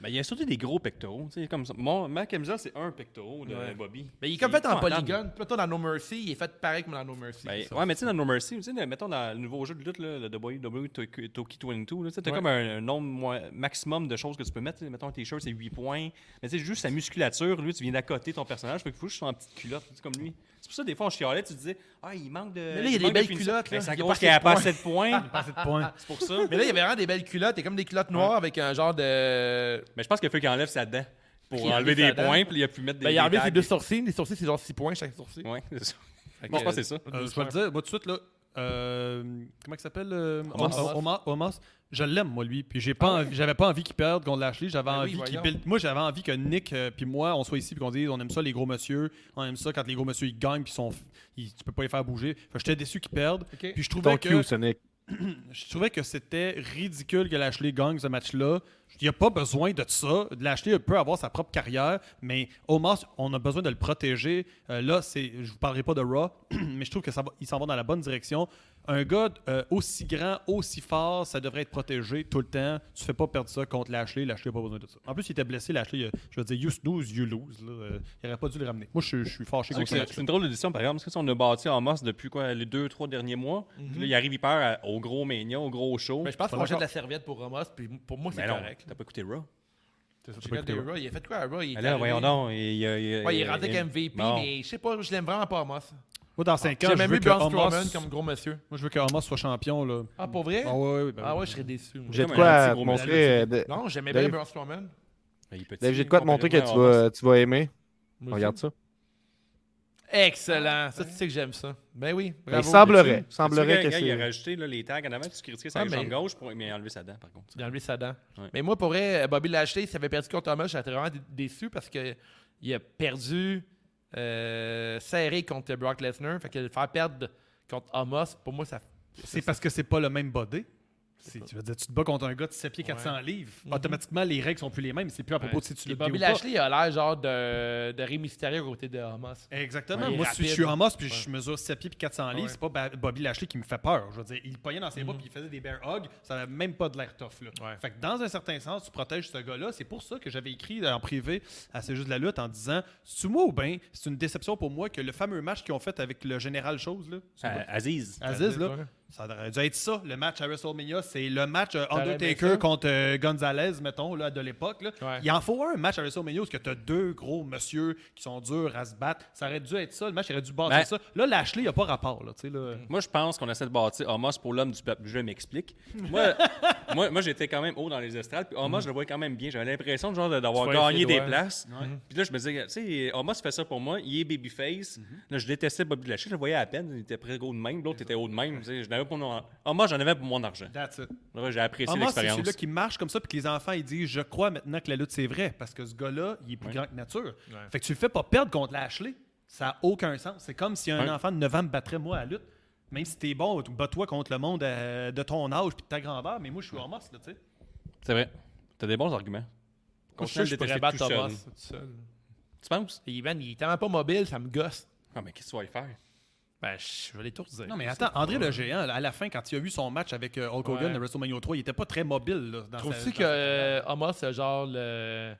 [SPEAKER 5] Ben, il y a surtout des gros pectoraux. tu sais, Comme ça. Mon, ma camisole, c'est un pectoraux de Bobby.
[SPEAKER 3] Mais il est comme fait en
[SPEAKER 5] épouvantable.
[SPEAKER 3] polygone. Puis toi, dans No Mercy, il est fait pareil comme dans No Mercy.
[SPEAKER 5] Ben,
[SPEAKER 3] Ça.
[SPEAKER 5] ouais, mais tu sais, dans No Mercy, tu sais, le- mettons dans le nouveau jeu de lutte, là, le E WWE Toki- Toki 22, là, tu sais, t'as
[SPEAKER 3] Ouais.
[SPEAKER 5] comme un, un nombre moi- maximum de choses que tu peux mettre. tu sais, Mettons, un t-shirt, c'est 8 points. Mais tu sais, juste sa musculature, lui, tu viens d'accoter ton personnage, fait que faut juste en petite culotte, tu sais, comme lui. C'est pour ça, des fois, on chialait, tu disais, ah, il manque de.
[SPEAKER 3] là, il y a des
[SPEAKER 5] manque de
[SPEAKER 3] belles
[SPEAKER 5] finition.
[SPEAKER 3] culottes,
[SPEAKER 5] Ben,
[SPEAKER 3] là.
[SPEAKER 5] c'est
[SPEAKER 3] Il y a
[SPEAKER 5] à
[SPEAKER 3] pas
[SPEAKER 5] cause qu'il n'y a
[SPEAKER 3] assez de
[SPEAKER 5] pas assez de points.
[SPEAKER 4] Assez de points.
[SPEAKER 5] c'est pour ça.
[SPEAKER 3] Mais là, il y avait vraiment des belles culottes. Et comme des culottes noires avec un genre de.
[SPEAKER 5] Mais je pense qu'il faut qu'il enlève sa dent pour
[SPEAKER 3] Il a enlevé sa
[SPEAKER 5] enlever des
[SPEAKER 3] dent.
[SPEAKER 5] points, puis il a pu mettre des.
[SPEAKER 3] Ben, il a
[SPEAKER 5] des
[SPEAKER 3] enlevé
[SPEAKER 5] tags.
[SPEAKER 3] ses deux sourcils. Les sourcils, c'est genre 6 points chaque sourcil.
[SPEAKER 5] Ouais, c'est ça.
[SPEAKER 3] Fait
[SPEAKER 5] Bon, je pense
[SPEAKER 3] euh,
[SPEAKER 5] que c'est ça.
[SPEAKER 4] Euh, je vais le dire, moi, tout de suite, là. euh, comment il s'appelle euh,
[SPEAKER 5] Omos.
[SPEAKER 4] Om- Omos. Ah Omos. Je l'aime, moi, lui. Puis j'ai pas envie- j'avais pas envie qu'il perde contre Lashley. J'avais
[SPEAKER 3] Ben oui,
[SPEAKER 4] envie qu'il
[SPEAKER 3] voyons.
[SPEAKER 4] build- Moi, j'avais envie que Nick euh, puis moi, on soit ici puis qu'on dise on aime ça, les gros monsieur. On aime ça quand les gros monsieur ils gagnent puis sont. ils- tu peux pas les faire bouger. Fait que j'étais déçu qu'ils perdent.
[SPEAKER 3] Ok.
[SPEAKER 4] Puis je
[SPEAKER 6] Ton
[SPEAKER 4] trouvais que.
[SPEAKER 6] Q, Sonic.
[SPEAKER 4] je trouvais que c'était ridicule que Lashley gagne ce match-là. Il n'y a pas besoin de ça. Lashley peut avoir sa propre carrière, mais Omos, on a besoin de le protéger. Euh, là, c'est, je vous parlerai pas de Raw, mais je trouve que ça va, il s'en va dans la bonne direction. Un gars euh, aussi grand, aussi fort, ça devrait être protégé tout le temps. Tu fais pas perdre ça contre Lashley. Lashley n'a pas besoin de ça. En plus, il était blessé. Lashley, euh, je veux dire, you snooze, you lose. là. Euh, il n'aurait pas dû le ramener. Moi, je, je suis fâché
[SPEAKER 5] C'est
[SPEAKER 4] contre
[SPEAKER 5] vrai
[SPEAKER 4] ce
[SPEAKER 5] que C'est c'est
[SPEAKER 4] match-là.
[SPEAKER 5] une drôle de décision, par exemple, parce que si on a bâti en masse depuis quoi, les deux, trois derniers mois, Puis là, il arrive, il perd à- au gros Mania, au gros show.
[SPEAKER 3] Ben, Mhm. je pense
[SPEAKER 4] Pas
[SPEAKER 3] qu'on jette
[SPEAKER 4] d'accord.
[SPEAKER 3] la serviette pour Ramos, puis pour moi, c'est
[SPEAKER 5] Mais non,
[SPEAKER 3] correct.
[SPEAKER 5] t'as pas écouté Raw.
[SPEAKER 3] J'ai regardé Raw, Il a fait quoi à Raw? Il est
[SPEAKER 5] Mais là,
[SPEAKER 3] arrivé-
[SPEAKER 5] voyons donc. Il, il, il-
[SPEAKER 3] Ouais, il est
[SPEAKER 5] il-
[SPEAKER 3] rentré
[SPEAKER 5] il-
[SPEAKER 3] avec MVP,
[SPEAKER 5] Bon.
[SPEAKER 3] mais je sais pas, je l'aime vraiment pas, Amos.
[SPEAKER 4] Moi, dans 5 ans,
[SPEAKER 3] Ah, J'ai
[SPEAKER 4] je
[SPEAKER 3] même
[SPEAKER 4] veux,
[SPEAKER 3] eu
[SPEAKER 4] que
[SPEAKER 3] Braun
[SPEAKER 4] Omos,
[SPEAKER 3] Strowman comme gros monsieur.
[SPEAKER 4] moi, je veux que Omos soit champion. Là.
[SPEAKER 3] Ah, pour vrai?
[SPEAKER 4] Ah ouais, ouais, ben
[SPEAKER 3] Ah
[SPEAKER 4] oui.
[SPEAKER 3] ouais, je serais déçu. moi.
[SPEAKER 6] J'ai de
[SPEAKER 5] Comme
[SPEAKER 6] quoi
[SPEAKER 5] un petit
[SPEAKER 6] à te
[SPEAKER 5] gros
[SPEAKER 6] montrer. euh, de-
[SPEAKER 3] Non, j'aimais bien
[SPEAKER 6] Dave-
[SPEAKER 3] Braun Strowman.
[SPEAKER 5] Ben, il est petit,
[SPEAKER 6] Dave, j'ai de quoi te montrer que tu vas, tu vas aimer. Regarde ça.
[SPEAKER 3] Excellent. Ça, tu sais que j'aime ça. Ben oui,
[SPEAKER 6] Il
[SPEAKER 3] bravo.
[SPEAKER 6] semblerait,
[SPEAKER 5] Tu sais,
[SPEAKER 6] semblerait que
[SPEAKER 5] gars, il a
[SPEAKER 6] c'est.
[SPEAKER 5] rajouté là, les tags en avant, tu critiquais sa
[SPEAKER 3] Ouais, mais-
[SPEAKER 5] jambe gauche, pour- mais il a enlevé sa dent, par contre.
[SPEAKER 3] Il a enlevé sa dent.
[SPEAKER 5] Ouais.
[SPEAKER 3] Mais moi, pour vrai, Bobby Lashley, s'il avait perdu contre Thomas, j'étais vraiment dé- déçu parce que il a perdu euh, serré contre Brock Lesnar. Fait que le faire perdre contre Amos, pour moi, ça.
[SPEAKER 4] C'est parce que c'est pas le même body. C'est- Tu veux dire, tu te bats contre un gars de 7 pieds 400 livres. Automatiquement, les règles sont plus les mêmes. C'est plus à propos de si tu
[SPEAKER 3] Et
[SPEAKER 4] le
[SPEAKER 3] Bobby Lashley Mm-hmm. il a l'air genre de, de Rey Mysterio à côté de Amos.
[SPEAKER 4] Exactement.
[SPEAKER 3] Ouais, Ah
[SPEAKER 4] Moi,
[SPEAKER 3] il est
[SPEAKER 4] si je suis
[SPEAKER 3] rapide.
[SPEAKER 4] en masse puis je mesure 7 pieds puis 400 livres, c'est pas Ba- Bobby Lashley qui me fait peur. Je veux dire, il pognait dans ses
[SPEAKER 3] Mm-hmm.
[SPEAKER 4] bras puis il faisait des bear hugs. Ça avait même pas de l'air tough. Là. Fait que dans un certain sens, tu protèges ce gars-là. C'est pour ça que j'avais écrit en privé à C'est juste de la lutte en disant C'est moi ou bien c'est une déception pour moi que le fameux match qu'ils ont fait avec le général Chose, là,
[SPEAKER 5] Ah, Euh, Aziz.
[SPEAKER 4] Aziz, là, Ça aurait dû être ça, le match à WrestleMania. C'est le match euh,
[SPEAKER 3] T'aurais aimé
[SPEAKER 4] Undertaker
[SPEAKER 3] ça?
[SPEAKER 4] contre euh, Gonzalez, mettons, là, de l'époque. là.
[SPEAKER 3] Ouais.
[SPEAKER 4] Il en faut un match à WrestleMania où tu as deux gros monsieur qui sont durs à se battre. Ça aurait dû être ça, le match aurait dû bâtir
[SPEAKER 5] Ben- Mm.
[SPEAKER 4] ça. Là, Lashley, il n'y a pas rapport. Là, tu sais, là.
[SPEAKER 5] Moi, je pense qu'on essaie de bâtir Homos pour l'homme du peuple. Je m'explique. Moi, moi, moi, j'étais quand même haut dans les estrades. Puis Homos, je le voyais quand même bien. J'avais l'impression de genre de- d'avoir
[SPEAKER 3] Tu voyais ses
[SPEAKER 5] gagné des
[SPEAKER 3] doigts.
[SPEAKER 5] places. Puis là, je me disais, tu sais, Homos fait ça pour moi. Il est babyface. Là, je détestais Bobby Lashley. Je le voyais à peine. Il était très gros de même. L'autre était haut de même. Tu sais, Je n'avais pas pour mon... Homos, j'en avais pour mon argent.
[SPEAKER 4] That's it.
[SPEAKER 5] Ouais, J'ai apprécié
[SPEAKER 4] Amos, c'est
[SPEAKER 5] l'expérience.
[SPEAKER 4] celui-là qui marche comme ça, puis que les enfants, ils disent Je crois maintenant que la lutte, c'est vrai, parce que ce gars-là, il est plus
[SPEAKER 5] Ouais.
[SPEAKER 4] grand que nature. Fait que tu le fais pas perdre contre Lashley. Ça n'a aucun sens. C'est comme si un
[SPEAKER 5] Ouais.
[SPEAKER 4] enfant de 9 ans me battrait, moi, à la lutte. Même si t'es bon, bats-toi contre le monde euh, de ton âge puis de ta grandeur, mais moi, je suis Amos, là, tu sais.
[SPEAKER 5] C'est vrai. T'as des bons arguments.
[SPEAKER 3] Je suis sûr que je
[SPEAKER 5] Continue de
[SPEAKER 3] pourrais
[SPEAKER 5] détester
[SPEAKER 3] battre
[SPEAKER 5] tout seul.
[SPEAKER 3] Thomas tout seul.
[SPEAKER 5] Tu penses?
[SPEAKER 3] Et man, il est tellement pas mobile, ça me gosse.
[SPEAKER 5] Ah, mais qu'est-ce que tu vas y faire?
[SPEAKER 3] Ben, je vais l'étourdir.
[SPEAKER 4] Non, mais attends, André le Géant, là, à la fin, quand il a eu son match avec euh, Hulk Hogan
[SPEAKER 3] Ouais.
[SPEAKER 4] à WrestleMania 3, il était pas très mobile. Là, dans sa-
[SPEAKER 3] Trouves-tu
[SPEAKER 4] dans
[SPEAKER 3] que
[SPEAKER 4] sa-
[SPEAKER 3] euh, Homo, c'est genre le-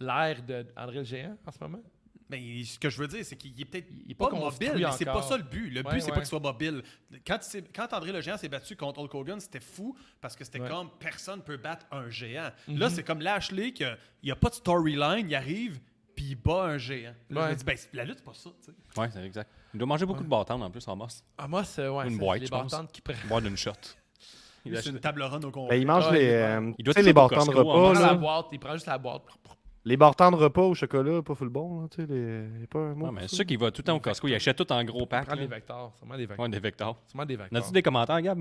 [SPEAKER 3] l'air d'André le Géant en ce moment?
[SPEAKER 4] Mais il- ce que je veux dire, c'est qu'il est peut-être
[SPEAKER 3] Il est
[SPEAKER 4] pas,
[SPEAKER 3] pas
[SPEAKER 4] mobile,
[SPEAKER 3] construit
[SPEAKER 4] mais c'est pas
[SPEAKER 3] encore.
[SPEAKER 4] ça le but. Le but,
[SPEAKER 3] Ouais,
[SPEAKER 4] c'est pas
[SPEAKER 3] ouais.
[SPEAKER 4] qu'il soit mobile. Quand, il s'est- quand André le Géant s'est battu contre Hulk Hogan, c'était fou parce que c'était
[SPEAKER 3] Ouais.
[SPEAKER 4] comme personne peut battre un géant. Là, c'est comme Lashley, qu'il n'y a pas de storyline, il arrive, puis il bat un géant. Là, je me
[SPEAKER 3] Ouais.
[SPEAKER 4] dis, ben, c'est- la lutte, c'est pas ça. tu sais.
[SPEAKER 5] Ouais, c'est exact. Il doit manger beaucoup de bâtons en plus, Homos.
[SPEAKER 3] Homo, c'est euh, ouais,
[SPEAKER 5] Une
[SPEAKER 3] c'est
[SPEAKER 5] boîte,
[SPEAKER 3] les
[SPEAKER 5] je pense.
[SPEAKER 3] battantes qui prennent
[SPEAKER 5] Boire d'une shot. Il
[SPEAKER 4] Lui,
[SPEAKER 5] a
[SPEAKER 4] C'est
[SPEAKER 5] acheté-
[SPEAKER 4] une table ronde au complet.
[SPEAKER 6] Ben, il mange
[SPEAKER 3] Ah,
[SPEAKER 6] les,
[SPEAKER 3] il-
[SPEAKER 6] euh,
[SPEAKER 5] il
[SPEAKER 6] tu
[SPEAKER 5] doit
[SPEAKER 6] sais,
[SPEAKER 5] tout
[SPEAKER 6] les
[SPEAKER 5] au
[SPEAKER 6] bartons de
[SPEAKER 5] Costco, en
[SPEAKER 6] repas.
[SPEAKER 5] mangeant
[SPEAKER 6] là.
[SPEAKER 3] la boîte, ils prennent juste la boîte.
[SPEAKER 6] Les bartons de repas au chocolat, pas full bon. là, Tu sais, les... il y a pas un
[SPEAKER 5] Ouais,
[SPEAKER 6] mot pour
[SPEAKER 5] mais
[SPEAKER 6] ça.
[SPEAKER 5] ceux qui vont tout le temps au Costco, ils achètent tout en gros pack.
[SPEAKER 3] Prends
[SPEAKER 5] là.
[SPEAKER 3] des vecteurs, sûrement des vecteurs. Euh,
[SPEAKER 5] Ouais, des vecteurs.
[SPEAKER 3] Sûrement des
[SPEAKER 5] On
[SPEAKER 3] vecteurs.
[SPEAKER 5] a-tu des commentaires, Gab?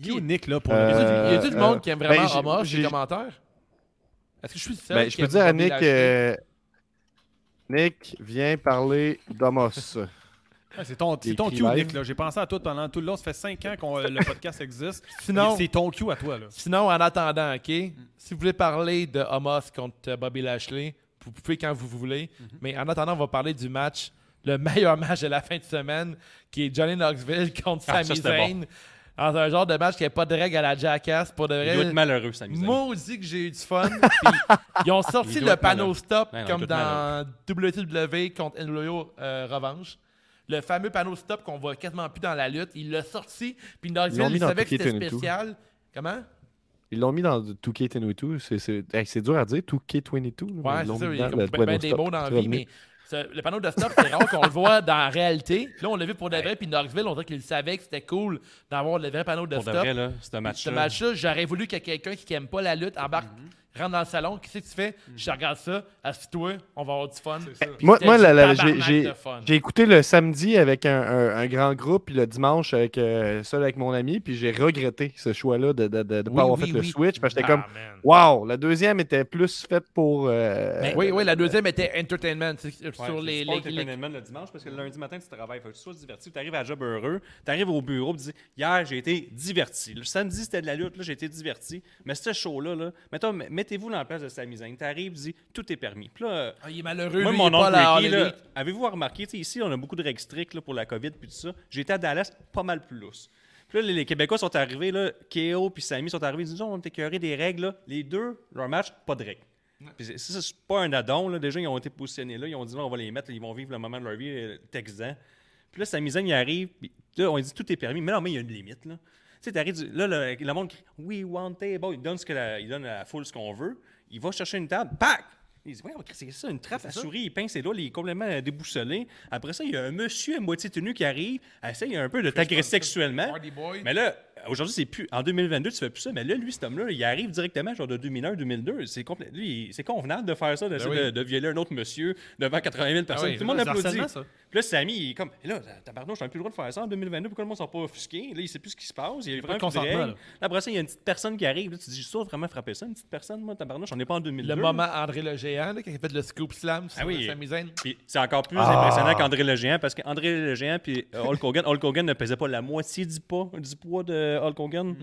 [SPEAKER 4] You, Nick, là, pour
[SPEAKER 6] Euh,
[SPEAKER 4] le-
[SPEAKER 3] Y a-t-il du
[SPEAKER 6] Euh,
[SPEAKER 3] monde qui aime
[SPEAKER 6] ben,
[SPEAKER 3] vraiment
[SPEAKER 6] j'ai-
[SPEAKER 3] Homo dans
[SPEAKER 6] j'ai-
[SPEAKER 3] les commentaires? Est-ce que je suis le seul
[SPEAKER 6] Ben,
[SPEAKER 3] qui
[SPEAKER 6] je peux
[SPEAKER 3] aime
[SPEAKER 6] dire à
[SPEAKER 3] Bobby
[SPEAKER 6] Nick,
[SPEAKER 3] Lashley?
[SPEAKER 6] euh, Nick, viens parler d'Amos.
[SPEAKER 4] Ah, C'est ton, c'est
[SPEAKER 6] Il
[SPEAKER 4] ton
[SPEAKER 6] écrit
[SPEAKER 4] cue,
[SPEAKER 6] live.
[SPEAKER 4] Nick. là. J'ai pensé à toi pendant tout le long. Ça fait cinq ans que le podcast existe.
[SPEAKER 3] Sinon-
[SPEAKER 4] C'est ton cue à toi. Là.
[SPEAKER 3] Sinon, en attendant, OK, si vous voulez parler de Homos contre euh, Bobby Lashley, vous pouvez quand vous voulez.
[SPEAKER 5] Mhm.
[SPEAKER 3] Mais en attendant, on va parler du match, le meilleur match de la fin de semaine, qui est Johnny Knoxville contre
[SPEAKER 5] Ah, ça,
[SPEAKER 3] Sami
[SPEAKER 5] c'était
[SPEAKER 3] Zayn. Dans un genre de match qui n'a pas de règles à la jackass. Pour de
[SPEAKER 5] Il doit être
[SPEAKER 3] vrai,
[SPEAKER 5] malheureux, Sami Zayn.
[SPEAKER 3] maudit que j'ai eu du fun. Puis, ils ont sorti
[SPEAKER 5] Il doit
[SPEAKER 3] le
[SPEAKER 5] être
[SPEAKER 3] panneau
[SPEAKER 5] malheureux.
[SPEAKER 3] stop
[SPEAKER 5] Non, non, il
[SPEAKER 3] comme
[SPEAKER 5] doit être
[SPEAKER 3] dans WWE contre NWO euh, Revanche. Le fameux panneau stop qu'on voit quasiment plus dans la lutte. Il l'a sorti. Puis Knoxville,
[SPEAKER 6] mis
[SPEAKER 3] il
[SPEAKER 6] dans
[SPEAKER 3] savait que
[SPEAKER 6] Ticket
[SPEAKER 3] c'était
[SPEAKER 6] and tout.
[SPEAKER 3] spécial. Comment?
[SPEAKER 6] Ils l'ont mis dans 2K22. C'est- C'est hey, c'est dur à dire, 2K22. là, mais
[SPEAKER 3] Ouais,
[SPEAKER 6] ils
[SPEAKER 3] c'est
[SPEAKER 6] l'ont
[SPEAKER 3] ça.
[SPEAKER 6] mis
[SPEAKER 3] Il y a
[SPEAKER 6] dedans,
[SPEAKER 3] comme
[SPEAKER 6] le
[SPEAKER 3] ben, ben
[SPEAKER 6] panneau
[SPEAKER 3] des
[SPEAKER 6] stop.
[SPEAKER 3] mots dans
[SPEAKER 6] Tu
[SPEAKER 3] la vie, mais
[SPEAKER 6] revenais.
[SPEAKER 3] ce- le panneau de stop, c'est rare qu'on le voit dans la réalité. Puis Là, on l'a vu pour de vrai, puis Knoxville, on dirait qu'il savait que c'était cool d'avoir le vrai panneau de
[SPEAKER 5] Pour de
[SPEAKER 3] stop.
[SPEAKER 5] vrai, là, c'est un
[SPEAKER 3] Puis Ce
[SPEAKER 5] match-là.
[SPEAKER 3] match-là, j'aurais voulu que quelqu'un qui aime pas la lutte embarque,
[SPEAKER 5] Mm-hmm.
[SPEAKER 3] rentre dans le salon. Qu'est-ce que tu fais? Je regarde ça, assis-toi, on va avoir du fun. Puis
[SPEAKER 6] Moi,
[SPEAKER 3] c'était
[SPEAKER 6] moi
[SPEAKER 3] du
[SPEAKER 6] la- la-
[SPEAKER 3] tabarnak
[SPEAKER 6] j'ai- j'ai
[SPEAKER 3] de fun.
[SPEAKER 6] j'ai écouté le samedi avec un, un- un grand groupe, puis le dimanche avec, euh, seul avec mon ami, puis j'ai regretté ce choix-là de ne
[SPEAKER 3] Oui,
[SPEAKER 6] pas avoir
[SPEAKER 3] oui,
[SPEAKER 6] fait le
[SPEAKER 3] oui.
[SPEAKER 6] switch, parce que j'étais
[SPEAKER 3] Ah,
[SPEAKER 6] comme,
[SPEAKER 5] euh,
[SPEAKER 3] man.
[SPEAKER 6] wow, la deuxième était plus faite pour. euh,
[SPEAKER 3] Oui, oui, la deuxième était entertainment. c'est- sur les,
[SPEAKER 5] Ouais, c'est du sport
[SPEAKER 3] les- les-
[SPEAKER 5] entertainment le dimanche parce que le lundi matin, tu travailles. Faut que tu sois diverti. Tu arrives à job heureux. Tu arrives au bureau et tu dis Hier, j'ai été diverti. Le samedi, c'était de la lutte. Là, j'ai été diverti. Mais ce show-là, là, mettons, m- mettez-vous dans la place de Sami Zayn. Tu arrives, tu dis Tout est permis. Puis là, euh,
[SPEAKER 3] Ah, il est malheureux.
[SPEAKER 5] Moi,
[SPEAKER 3] lui,
[SPEAKER 5] mon
[SPEAKER 3] il est pas
[SPEAKER 5] oncle
[SPEAKER 3] à la
[SPEAKER 5] Ricky,
[SPEAKER 3] All
[SPEAKER 5] là,
[SPEAKER 3] Elite.
[SPEAKER 5] avez-vous remarqué, tu sais, ici, on a beaucoup de règles strictes là, pour la COVID puis tout ça. J'étais à Dallas, pas mal plus lousse. Puis là, les, les Québécois sont arrivés, là, Kéo puis Samy sont arrivés, ils disent, on est écœurés des règles, là. Les deux, leur match, pas de règles. Puis c'est- ça, c'est pas un addon, là. Déjà, ils ont été positionnés là, ils ont dit, on va les mettre, là, ils vont vivre le moment de leur vie euh, texan. Puis là, Samy Zayn, il arrive, puis là, on lui dit, tout est permis. Mais non, mais il y a une limite, là. Tu sais, t'arrives, du- là, le, le monde crie, we want table. Il donne, ce que la, il donne à la foule ce qu'on veut. Il va chercher une table, pack! Il dit, ouais, c'est ça, une trappe à souris. Il pince ses doigts, il est complètement déboussolé. Après ça, il y a un monsieur à moitié tenu qui arrive, essaye un peu de t'agresser sexuellement.
[SPEAKER 3] Party boy.
[SPEAKER 5] Mais là, aujourd'hui, c'est plus. En 2022, tu fais plus ça. Mais là, lui, cet homme-là, il arrive directement, genre de 2001, 2002. C'est complè- lui, il- c'est convenable de faire ça, d'essayer de, de violer un autre monsieur devant 80 000 personnes.
[SPEAKER 3] Ah oui,
[SPEAKER 5] Tout le monde
[SPEAKER 4] c'est
[SPEAKER 5] applaudit.
[SPEAKER 4] harcèlement, ça.
[SPEAKER 5] Puis là, Samy, il est comme, Eh là, tabarnouche, j'ai plus le droit de faire ça en 2022. Pourquoi le monde s'en pas offusqué? Là, il sait plus ce qui se passe. Il y a
[SPEAKER 4] pas de
[SPEAKER 5] vraiment plus de
[SPEAKER 4] consentement,
[SPEAKER 5] règles. Là, après ça, il y a une petite personne qui arrive. Là, tu te dis, je dois vraiment frapper ça, une petite personne, moi, tabarnouche, on n'est pas en 2002.
[SPEAKER 3] Le moment André le Géant, là, qui a fait le scoop slam sur
[SPEAKER 5] Ah oui.
[SPEAKER 3] Sami Zayn.
[SPEAKER 5] Puis c'est encore plus
[SPEAKER 6] Ah.
[SPEAKER 5] impressionnant qu'André le Géant parce qu'André le Géant puis euh, Hulk Hogan, Hulk Hogan ne pesait pas la moitié du, pas, du poids de Hulk Hogan.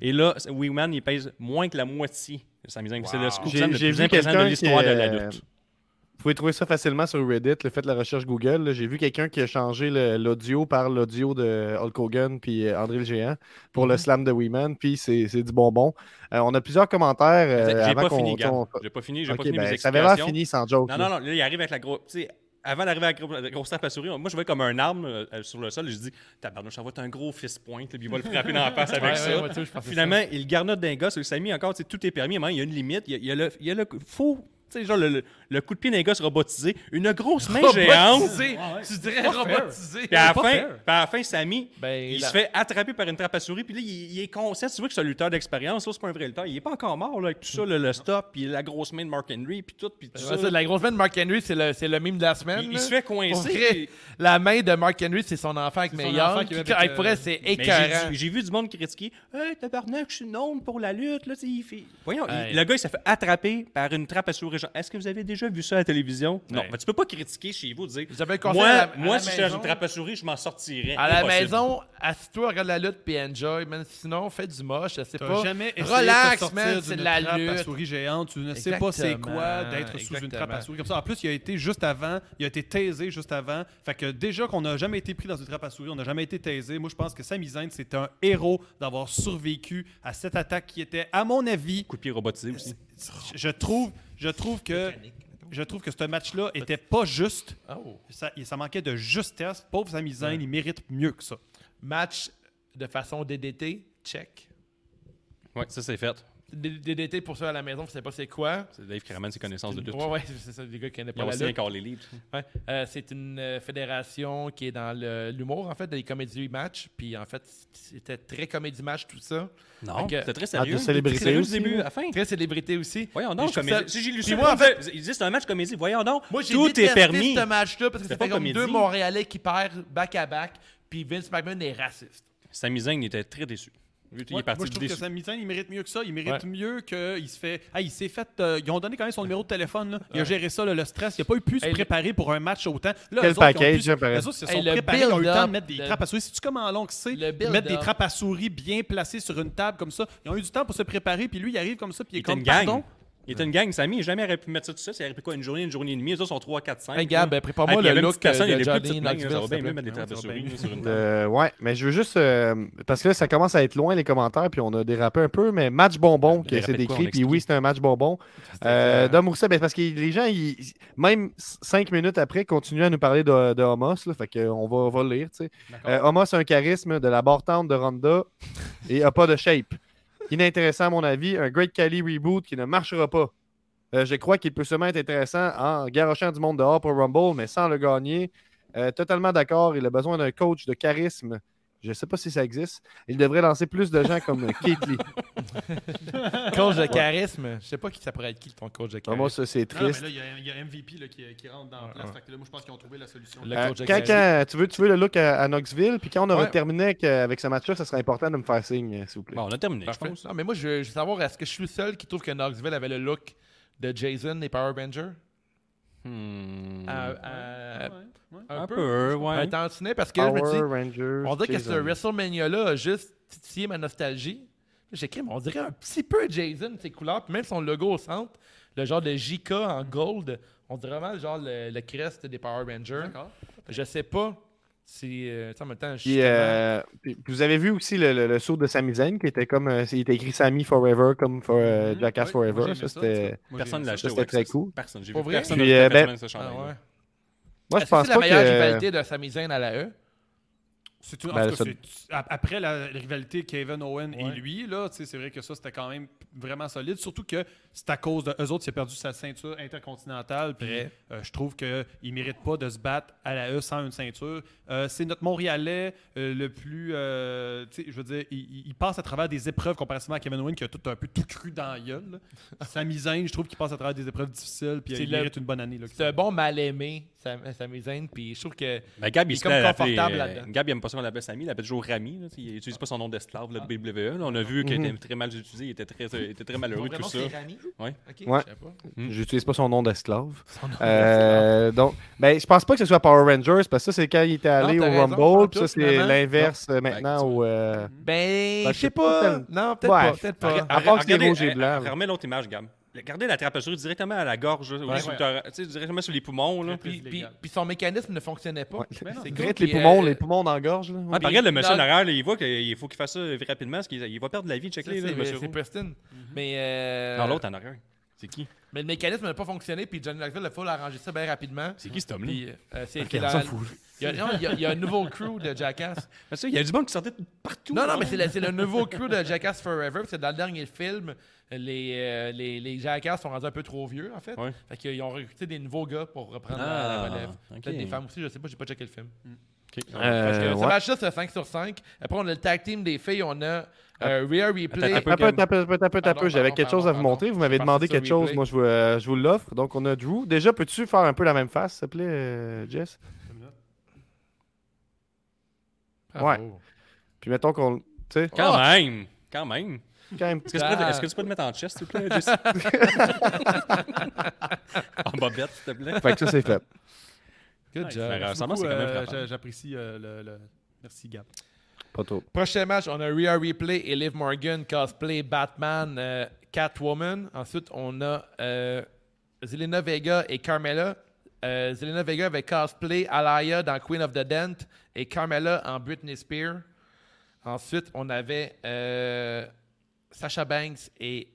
[SPEAKER 5] Et là, Wingman, il pèse moins que la moitié. Ça m'étonne. C'est le scoop
[SPEAKER 6] J'ai-
[SPEAKER 5] slam le
[SPEAKER 6] j'ai
[SPEAKER 5] plus
[SPEAKER 6] vu
[SPEAKER 5] impressionnant de
[SPEAKER 6] quelqu'un
[SPEAKER 5] l'histoire
[SPEAKER 6] qui,
[SPEAKER 5] de la
[SPEAKER 6] euh,
[SPEAKER 5] lutte.
[SPEAKER 6] Vous pouvez trouver ça facilement sur Reddit, le fait de la recherche Google. là. J'ai vu quelqu'un qui a changé le- l'audio par l'audio de Hulk Hogan puis euh, André le Géant pour
[SPEAKER 5] Mhm.
[SPEAKER 6] le slam de Weeman, puis c'est c'est du bonbon. Euh, on a plusieurs commentaires euh,
[SPEAKER 5] J'ai
[SPEAKER 6] avant
[SPEAKER 5] pas
[SPEAKER 6] qu'on...
[SPEAKER 5] fini, Gab.
[SPEAKER 6] qu'on-
[SPEAKER 5] J'ai pas fini, j'ai
[SPEAKER 6] Ok,
[SPEAKER 5] pas fini
[SPEAKER 6] ben,
[SPEAKER 5] mes
[SPEAKER 6] ça avait l'air
[SPEAKER 5] explications.
[SPEAKER 6] fini sans joke.
[SPEAKER 5] Non,
[SPEAKER 6] là.
[SPEAKER 5] non, non, là, il arrive avec la grosse. Tu sais, avant d'arriver à la gro- la grosse tape à souris, on- moi, je vais comme un arme euh, euh, sur le sol. et Je dis, tabarnouche, ça va être un gros fist point. là, Puis il va le frapper dans la face avec ça. Finalement, il garnote d'un gosse. Le Samy, encore, tu sais, tout est permis. à un moment, il y a une limite. Il y a, il y a le, il y a le faux. Tu sais, genre le, le- le coup de pied d'un gosse robotisé. Une grosse main géante.
[SPEAKER 3] Robotisé. Tu dirais robotisé.
[SPEAKER 5] Puis à la
[SPEAKER 4] Pas
[SPEAKER 5] fin,
[SPEAKER 4] fair.
[SPEAKER 5] puis à la fin, Samy,
[SPEAKER 3] Ben,
[SPEAKER 5] il
[SPEAKER 3] la-
[SPEAKER 5] se fait attraper par une trappe à souris. Puis là, il, il est conscient. Tu vois que c'est un lutteur d'expérience. Ça, c'est pas un vrai lutteur. Il est pas encore mort, là, avec tout ça, le, le stop, puis la grosse main de Mark Henry, puis tout. Puis tout
[SPEAKER 3] Ouais,
[SPEAKER 5] ça.
[SPEAKER 3] ça, la grosse main de Mark Henry, c'est le, c'est le mime de la semaine.
[SPEAKER 5] il,
[SPEAKER 3] là.
[SPEAKER 5] il se fait
[SPEAKER 3] Pour
[SPEAKER 5] coincer.
[SPEAKER 3] vrai,
[SPEAKER 5] puis-
[SPEAKER 3] La main de Mark Henry, c'est son enfant avec
[SPEAKER 4] C'est son
[SPEAKER 3] May
[SPEAKER 4] enfant
[SPEAKER 3] Young.
[SPEAKER 4] qui
[SPEAKER 3] qui- hey,
[SPEAKER 4] va avec,
[SPEAKER 3] pour
[SPEAKER 4] euh,
[SPEAKER 3] elle, c'est
[SPEAKER 5] Mais
[SPEAKER 3] écœurant.
[SPEAKER 5] j'ai- J'ai vu du monde critiquer Hey, tabarnak, je suis une onde pour la lutte. Là, tu sais, il fait... Voyons, il-
[SPEAKER 3] Ouais.
[SPEAKER 5] le gars, il s'est fait attraper par une trappe à souris. Genre, Est-ce que vous avez déjà vu ça à la télévision Non, mais tu peux pas critiquer chez vous. Dire,
[SPEAKER 3] Vous avez un conseil
[SPEAKER 5] moi,
[SPEAKER 3] à la- à
[SPEAKER 5] moi
[SPEAKER 3] la
[SPEAKER 5] si j'étais
[SPEAKER 3] maison?
[SPEAKER 5] une trappe à souris, je m'en sortirais.
[SPEAKER 3] À la
[SPEAKER 5] Impossible.
[SPEAKER 3] maison, assis-toi, regarde la lutte, puis enjoy. Man. Sinon, fais du moche, je sais
[SPEAKER 4] T'as
[SPEAKER 3] pas.
[SPEAKER 4] jamais essayé
[SPEAKER 3] Relax,
[SPEAKER 4] de te sortir
[SPEAKER 3] man,
[SPEAKER 4] d'une
[SPEAKER 3] c'est de la
[SPEAKER 4] trappe à
[SPEAKER 3] lutte.
[SPEAKER 4] souris géante. Tu ne sais
[SPEAKER 3] Exactement,
[SPEAKER 4] pas c'est quoi d'être sous une
[SPEAKER 3] exactement.
[SPEAKER 4] trappe à souris comme ça. En plus, il a été juste avant, il a été taisé juste avant. Fait que déjà qu'on n'a jamais été pris dans une trappe à souris, on n'a jamais été taisé. Moi, je pense que Sami Zayn, c'est un héros d'avoir survécu à cette attaque qui était, à mon avis,
[SPEAKER 5] Coup de pied robotisé aussi.
[SPEAKER 4] je trouve, je trouve que. Je trouve que ce match-là était pas juste.
[SPEAKER 3] Oh.
[SPEAKER 4] Ça, ça manquait de justesse. Pauvre Sami Zayn, il mérite mieux que ça.
[SPEAKER 3] Match de façon DDT, check.
[SPEAKER 5] Ouais, ça, c'est fait.
[SPEAKER 3] D- DDT pour ceux à la maison, vous savez pas c'est quoi.
[SPEAKER 5] C'est Dave qui ramène ses connaissances de lutte.
[SPEAKER 3] Ouais, ouais, c'est ça, les gars qui connaissent
[SPEAKER 5] Ils
[SPEAKER 3] pas
[SPEAKER 5] ont
[SPEAKER 3] la
[SPEAKER 5] aussi un
[SPEAKER 3] lutte.
[SPEAKER 5] carré libre.
[SPEAKER 3] Ouais. Euh, c'est une euh, fédération qui est dans le- l'humour, en fait, des comédies match. Puis en fait, c'était très comédie match, tout ça.
[SPEAKER 5] Non,
[SPEAKER 3] Fait que-
[SPEAKER 5] c'était très sérieux.
[SPEAKER 6] de célébrité
[SPEAKER 5] Très sérieux
[SPEAKER 6] aussi,
[SPEAKER 5] du début à la fin.
[SPEAKER 3] Très célébrité aussi.
[SPEAKER 5] Voyons
[SPEAKER 3] Puis
[SPEAKER 5] donc,
[SPEAKER 3] je trouve
[SPEAKER 5] comédie.
[SPEAKER 3] ça-
[SPEAKER 5] Si j'ai lu
[SPEAKER 3] Puis
[SPEAKER 5] ça,
[SPEAKER 3] moi, en fait,
[SPEAKER 5] ils disent c'est un match comédie. Voyons donc,
[SPEAKER 3] Moi, j'ai
[SPEAKER 5] tout est
[SPEAKER 3] détesté
[SPEAKER 5] permis.
[SPEAKER 3] ce match-là parce que
[SPEAKER 5] C'était
[SPEAKER 3] c'était
[SPEAKER 5] pas
[SPEAKER 3] comme deux
[SPEAKER 5] comédie.
[SPEAKER 3] Montréalais qui perdent back-à-back, puis Vince McMahon est raciste.
[SPEAKER 5] Sami Zayn était très déçu. Il est
[SPEAKER 4] Ouais,
[SPEAKER 5] parti
[SPEAKER 4] moi, je trouve
[SPEAKER 5] déçu.
[SPEAKER 4] que Sami Zayn, il mérite mieux que ça. Il mérite
[SPEAKER 3] Ouais.
[SPEAKER 4] mieux qu'il se fait. Ah, il s'est fait. euh, ils ont donné quand même son numéro de téléphone. là. Il a géré ça, là, le stress. Il n'a pas eu pu se
[SPEAKER 3] Hey, le-
[SPEAKER 4] préparer pour un match autant. Là,
[SPEAKER 6] Quel
[SPEAKER 4] eux autres, ils ont
[SPEAKER 6] package,
[SPEAKER 4] pu-
[SPEAKER 6] hein, pareil.
[SPEAKER 4] eux autres, ils se
[SPEAKER 3] Hey,
[SPEAKER 4] sont
[SPEAKER 3] le
[SPEAKER 4] préparés. Ils ont eu le temps
[SPEAKER 3] build-up,
[SPEAKER 4] de mettre des
[SPEAKER 3] le-
[SPEAKER 4] trappes à souris. Sais-tu comment long que c'est
[SPEAKER 3] Le build-up.
[SPEAKER 4] Mettre des trappes à souris bien placées sur une table comme ça. Ils ont eu du temps pour se préparer. Puis lui, il arrive comme ça. Puis il est
[SPEAKER 5] Il était
[SPEAKER 4] comme.
[SPEAKER 5] une gang.
[SPEAKER 4] Pardon?
[SPEAKER 5] Il était une gang. Samy, jamais aurait pu mettre ça tout seul. Ça aurait pris quoi Une journée, une journée et demie. Les autres sont 3, 4, 5.
[SPEAKER 3] Hey, Gab, ben, prépare-moi le look,
[SPEAKER 5] Personne,
[SPEAKER 3] euh,
[SPEAKER 5] il y a
[SPEAKER 3] de ben,
[SPEAKER 5] des plus
[SPEAKER 3] Johnny
[SPEAKER 5] petites mains. Ça va
[SPEAKER 3] Knoxville,
[SPEAKER 5] bien
[SPEAKER 3] s'il te
[SPEAKER 5] mieux mettre des
[SPEAKER 3] plaît.
[SPEAKER 5] trappes de souris sur une table.
[SPEAKER 6] Euh, ouais, mais je veux juste. euh, parce que là, ça commence à être loin les commentaires, puis on a dérapé un peu, mais match bonbon qui
[SPEAKER 5] Dérapé
[SPEAKER 6] s'est
[SPEAKER 5] de quoi, on
[SPEAKER 6] décrit, puis
[SPEAKER 5] explique.
[SPEAKER 6] oui, c'est un match bonbon. Euh, Dom Rousset, ben, parce que les gens, ils- ils- même cinq minutes après, continuent à nous parler de, de Homos, là, fait qu'on va, on va le lire, tu sais. Euh, Homos a un charisme de la bartende de Ronda et a pas de shape. Inintéressant, à mon avis, un Great Cali reboot qui ne marchera pas. Euh, je crois qu'il peut seulement être intéressant en garochant du monde dehors pour Rumble, mais sans le gagner. Euh, totalement d'accord, il a besoin d'un coach de charisme. Je sais pas si ça existe. Il devrait lancer plus de gens comme Keith Lee.
[SPEAKER 3] Coach de charisme, je sais pas qui ça pourrait être qui ton coach de
[SPEAKER 6] Ah, moi,
[SPEAKER 3] charisme.
[SPEAKER 6] ça, c'est
[SPEAKER 4] Non, mais
[SPEAKER 6] triste.
[SPEAKER 4] là, il y a- il y, a MVP là, qui, qui rentre dans la place.
[SPEAKER 3] ouais.
[SPEAKER 4] Fait que là, moi, je pense qu'ils ont trouvé la solution.
[SPEAKER 3] Le
[SPEAKER 6] Euh,
[SPEAKER 3] coach de
[SPEAKER 6] quand,
[SPEAKER 3] charisme.
[SPEAKER 6] quand- tu, veux, tu veux le look à, à Knoxville, puis quand on aura
[SPEAKER 3] Ouais.
[SPEAKER 6] terminé avec, euh, avec ce match-là, ça serait important de me faire signe, euh, s'il vous plaît.
[SPEAKER 5] Bon, on a terminé, je
[SPEAKER 3] Parfait.
[SPEAKER 5] pense.
[SPEAKER 3] Non, mais moi, Ben, je veux, je veux savoir, est-ce que je suis le seul qui trouve que Knoxville avait le look de Jason et Power Ranger?
[SPEAKER 5] Hmm.
[SPEAKER 3] Euh, euh,
[SPEAKER 5] Un peu, ouais.
[SPEAKER 3] Un tantinet, parce que je me dis,
[SPEAKER 6] Power Rangers.
[SPEAKER 3] on dirait que ce
[SPEAKER 6] Jason.
[SPEAKER 3] WrestleMania-là a juste titillé ma nostalgie. J'ai écrit, mais on dirait un petit peu Jason, ses couleurs, puis même son logo au centre, le genre de JK en gold, on dirait vraiment le genre le, le crest des Power Rangers. Je sais pas si. euh, tu sais, en même temps, je
[SPEAKER 6] Puis, euh, puis- puis vous avez vu aussi le, le- le saut de Sami Zayn qui était comme. euh, il était écrit Sami Forever comme for- euh,
[SPEAKER 3] Mhm,
[SPEAKER 6] Jackass Forever. Ça, c'était.
[SPEAKER 5] Personne ne l'a acheté.
[SPEAKER 6] c'était
[SPEAKER 5] ouais,
[SPEAKER 6] très
[SPEAKER 5] ça,
[SPEAKER 6] cool.
[SPEAKER 5] Personne. J'ai
[SPEAKER 3] Pour
[SPEAKER 5] vu
[SPEAKER 3] vrai?
[SPEAKER 5] personne
[SPEAKER 6] Puis,
[SPEAKER 5] qui a
[SPEAKER 6] euh,
[SPEAKER 5] fait
[SPEAKER 6] ben-
[SPEAKER 5] ce
[SPEAKER 3] Ah
[SPEAKER 5] chandail-là.
[SPEAKER 3] ouais.
[SPEAKER 6] Moi, je
[SPEAKER 3] Est-ce que
[SPEAKER 6] pense
[SPEAKER 3] c'est la
[SPEAKER 6] pas
[SPEAKER 3] meilleure
[SPEAKER 6] que.
[SPEAKER 3] rivalité de Sami Zayn à la E?
[SPEAKER 4] C'est tout- en
[SPEAKER 6] Ben,
[SPEAKER 4] tout cas,
[SPEAKER 6] ça-
[SPEAKER 4] c'est- ap- après la rivalité Kevin Owen
[SPEAKER 3] Ouais.
[SPEAKER 4] et lui, là, tu sais, c'est vrai que ça, c'était quand même vraiment solide. Surtout que c'est à cause de eux autres qui a perdu sa ceinture intercontinentale. Puis
[SPEAKER 3] Vrai.
[SPEAKER 4] euh, je trouve qu'ils ne méritent pas de se battre à la E sans une ceinture. Euh, c'est notre Montréalais euh, le plus. euh, tu sais, je veux dire, il- il, il passe à travers des épreuves comparativement à Kevin Owen qui a tout un peu tout cru dans la gueule. là. Sami Zayn, je trouve qu'il passe à travers des épreuves difficiles. Puis euh,
[SPEAKER 3] C'est
[SPEAKER 4] il
[SPEAKER 3] le-
[SPEAKER 4] mérite une bonne année. là.
[SPEAKER 3] C'est un bon mal-aimé, Sam- Sami Zayn, puis je trouve que.
[SPEAKER 5] Ben, Gab,
[SPEAKER 3] Il
[SPEAKER 5] il,
[SPEAKER 3] est
[SPEAKER 5] se
[SPEAKER 3] comme
[SPEAKER 5] fait
[SPEAKER 3] confortable
[SPEAKER 5] appeler, euh,
[SPEAKER 3] là-dedans.
[SPEAKER 5] Gab, il aime pas ça qu'on l'appelle Samy, il l'appelle toujours Rami. là, tu sais, il n'utilise pas son nom d'esclave, le BWE. là. on a vu qu'il était très mal utilisé, il était très, euh, il était très malheureux, tout ça. Ouais.
[SPEAKER 3] Ok,
[SPEAKER 6] Ouais.
[SPEAKER 3] je sais pas.
[SPEAKER 6] J'utilise pas son nom d'esclave. Euh, donc, ben, je pense pas que ce soit Power Rangers parce que ça, c'est quand il était allé
[SPEAKER 3] t'as
[SPEAKER 6] au
[SPEAKER 3] raison, pas
[SPEAKER 6] Rumble. puis
[SPEAKER 3] tout,
[SPEAKER 6] ça, c'est
[SPEAKER 3] finalement.
[SPEAKER 6] l'inverse euh, maintenant. au, euh,
[SPEAKER 3] Ben,
[SPEAKER 6] Ben,
[SPEAKER 3] je sais pas.
[SPEAKER 6] peut-être-
[SPEAKER 3] Non, peut-être
[SPEAKER 6] Ouais.
[SPEAKER 3] pas. Peut-être pas.
[SPEAKER 6] À part que c'est
[SPEAKER 5] Regardez-
[SPEAKER 6] rouge et
[SPEAKER 5] eh,
[SPEAKER 6] blanc, là.
[SPEAKER 5] Remets l'autre image, Gab. Regardez la trappe à souris directement à la gorge, là, au
[SPEAKER 4] Ouais.
[SPEAKER 5] sur le thorax, tu sais, directement sur les poumons. Là.
[SPEAKER 3] Puis, puis-
[SPEAKER 4] illégal.
[SPEAKER 3] puis son mécanisme ne fonctionnait pas.
[SPEAKER 6] ouais.
[SPEAKER 4] Mais non,
[SPEAKER 3] c'est
[SPEAKER 6] Drette
[SPEAKER 3] gros,
[SPEAKER 6] les
[SPEAKER 3] puis,
[SPEAKER 6] poumons,
[SPEAKER 3] euh,
[SPEAKER 6] les poumons dans la gorge. là.
[SPEAKER 5] Ah,
[SPEAKER 3] puis-
[SPEAKER 5] puis regarde le monsieur en
[SPEAKER 3] dans-
[SPEAKER 5] arrière, là, il voit qu'il faut qu'il fasse ça rapidement parce qu'il il va perdre la vie.
[SPEAKER 3] Ça,
[SPEAKER 5] Check-le, là,
[SPEAKER 3] C'est
[SPEAKER 5] le monsieur.
[SPEAKER 3] c'est Preston. Mais. euh,
[SPEAKER 5] Dans l'autre en arrière. C'est qui
[SPEAKER 3] Mais le mécanisme n'a pas fonctionné, puis Johnny Knoxville a fallu arranger ça bien rapidement.
[SPEAKER 5] C'est qui cet homme-là
[SPEAKER 3] Puis, euh, c'est c'est la- Il y, a, non, il y a- il y a un nouveau crew de Jackass.
[SPEAKER 5] Parce que Il y a du monde qui sortait de partout.
[SPEAKER 3] Non, non, mais c'est le, c'est le nouveau crew de Jackass Forever. C'est dans le dernier film, les, euh, les, les Jackass sont rendus un peu trop vieux, en fait.
[SPEAKER 5] Ouais.
[SPEAKER 3] Fait qu'ils ont recruté des nouveaux gars pour reprendre la- la
[SPEAKER 5] Ah,
[SPEAKER 3] relève.
[SPEAKER 5] ok.
[SPEAKER 3] Peut-être des femmes aussi, je sais pas, j'ai pas checké le film.
[SPEAKER 5] Ok.
[SPEAKER 3] Ah Parce que
[SPEAKER 6] Euh,
[SPEAKER 3] ce
[SPEAKER 6] ouais.
[SPEAKER 3] match-là, c'est 5 sur 5. Après, on a le tag team des filles, on a euh, Rhea Replay.
[SPEAKER 6] Attends un peu, attends un peu, attends un peu, attends un
[SPEAKER 3] Pardon,
[SPEAKER 6] peu. J'avais
[SPEAKER 3] pardon,
[SPEAKER 6] quelque chose à vous
[SPEAKER 3] pardon,
[SPEAKER 6] montrer. Vous m'avez
[SPEAKER 3] Je suis
[SPEAKER 6] demandé
[SPEAKER 3] parti sur
[SPEAKER 6] quelque chose.
[SPEAKER 3] replay.
[SPEAKER 6] Moi, je vous, euh, je vous l'offre. Donc, on a Drew. Déjà, peux-tu faire un peu la même face, s'il te plaît, euh, Jess?
[SPEAKER 3] Bravo.
[SPEAKER 6] Puis mettons qu'on... Tu sais,
[SPEAKER 5] Quand
[SPEAKER 3] Ah!
[SPEAKER 5] même. Quand même.
[SPEAKER 6] quand même...
[SPEAKER 5] Est-ce que, tu peux,
[SPEAKER 3] Ah.
[SPEAKER 5] est-ce que tu peux te mettre en chest, s'il te plaît, Jesse? en bobette, s'il te plaît.
[SPEAKER 6] Fait que ça, c'est fait.
[SPEAKER 3] Good job.
[SPEAKER 5] Mais
[SPEAKER 8] Merci
[SPEAKER 5] récemment,
[SPEAKER 8] beaucoup,
[SPEAKER 5] c'est quand même
[SPEAKER 8] euh,
[SPEAKER 5] frappant.
[SPEAKER 8] j'a- J'apprécie euh, le, le- Merci, Gab.
[SPEAKER 6] Pas trop.
[SPEAKER 3] Prochain match, on a Rhea Replay et Liv Morgan cosplay Batman euh, Catwoman. Ensuite, on a euh, Zelena Vega et Carmella. Euh, Zelena Vega avait cosplay Alaya dans Queen of the Dent et Carmella en Britney Spears. Ensuite, on avait euh, Sasha Banks et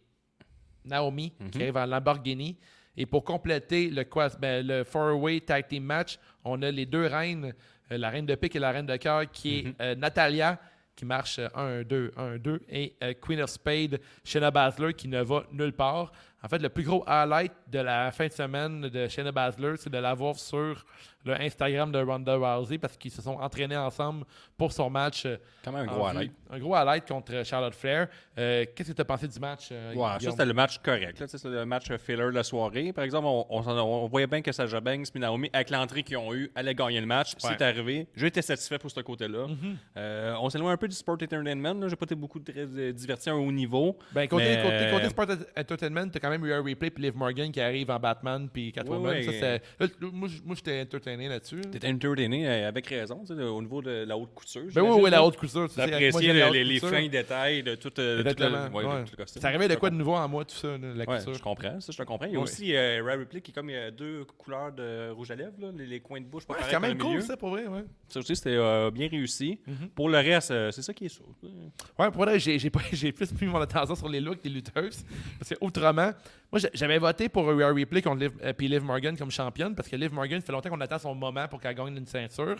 [SPEAKER 3] Naomi
[SPEAKER 6] Mhm.
[SPEAKER 3] qui arrivent en Lamborghini. Et pour compléter le, quas- ben, le four-way tag team match, on a les deux reines, euh, la reine de pique et la reine de cœur, qui
[SPEAKER 5] Mhm.
[SPEAKER 3] est euh, Natalia, qui marche euh, 1-2, 1-2, et euh, Queen of Spades, Shayna Baszler, qui ne va nulle part. En fait, le plus gros highlight de la fin de semaine de Shayna Baszler, c'est de la voir sur le Instagram de Ronda Rousey parce qu'ils se sont entraînés ensemble pour son match. euh,
[SPEAKER 5] Quand même un
[SPEAKER 3] en
[SPEAKER 5] gros
[SPEAKER 3] vue.
[SPEAKER 5] highlight.
[SPEAKER 3] Un gros highlight contre Charlotte Flair. Euh, Qu'est-ce que tu as pensé du match? euh,
[SPEAKER 5] Ouais, ça,
[SPEAKER 3] Guillaume?
[SPEAKER 5] c'était le match correct. là. Tu sais, C'était le match euh, filler de la soirée. Par exemple, on, on s'en- on voyait bien que Saja Banks et Naomi, avec l'entrée qu'ils ont eue, allaient gagner le match. C'est arrivé. J'ai été satisfait pour ce côté-là.
[SPEAKER 3] Mm-hmm.
[SPEAKER 5] Euh, on s'éloigne un peu du sport entertainment. là. J'ai pas été beaucoup très euh, diverti à un haut niveau.
[SPEAKER 3] Ben, côté,
[SPEAKER 5] Mais- euh,
[SPEAKER 3] côté, côté Sport Entertainment, t'as quand même eu un replay, puis Liv Morgan qui arrive en Batman, puis Catwoman.
[SPEAKER 5] Oui, oui.
[SPEAKER 3] Ça, c'est- là, t- moi, j- moi, j'étais entertainé là-dessus. là.
[SPEAKER 5] T'étais entertainé euh, avec raison, tu sais, au niveau de la haute couture.
[SPEAKER 3] Ben oui, oui, la haute couture. tu sais, avec moi,
[SPEAKER 5] D'apprécier
[SPEAKER 3] j'aime la
[SPEAKER 5] les,
[SPEAKER 3] haute
[SPEAKER 5] les, les
[SPEAKER 3] couture.
[SPEAKER 5] fins détails de tout, euh, tout
[SPEAKER 3] Exactement,
[SPEAKER 5] le, ouais, de
[SPEAKER 3] ouais.
[SPEAKER 5] tout le costume.
[SPEAKER 3] Ça révèle de
[SPEAKER 5] Je
[SPEAKER 3] quoi de
[SPEAKER 5] comprends.
[SPEAKER 3] nouveau en moi, tout ça, là, la
[SPEAKER 5] Ouais,
[SPEAKER 3] couture.
[SPEAKER 5] je comprends, ça je te comprends. Il y a
[SPEAKER 3] Ouais.
[SPEAKER 5] aussi euh, Rare Replay qui est comme il y a deux couleurs de rouge à lèvres, là, les, les coins de bouche. pas
[SPEAKER 3] Ouais, c'est
[SPEAKER 5] pareils
[SPEAKER 3] quand
[SPEAKER 5] dans
[SPEAKER 3] même
[SPEAKER 5] le
[SPEAKER 3] cool,
[SPEAKER 5] milieu.
[SPEAKER 3] ça, pour vrai. Ouais,
[SPEAKER 5] Ça aussi, c'était euh, bien réussi.
[SPEAKER 3] Mhm.
[SPEAKER 5] Pour le reste, euh, c'est ça qui est sûr.
[SPEAKER 3] ouais pour vrai, j'ai j'ai pas- j'ai plus pris mon attention sur les looks des lutteuses. Parce que, autrement, moi, j'a- j'avais voté pour un replay contre Liv, euh, puis Liv Morgan comme championne, parce que Liv Morgan, ça fait longtemps qu'on attend son moment pour qu'elle gagne une ceinture.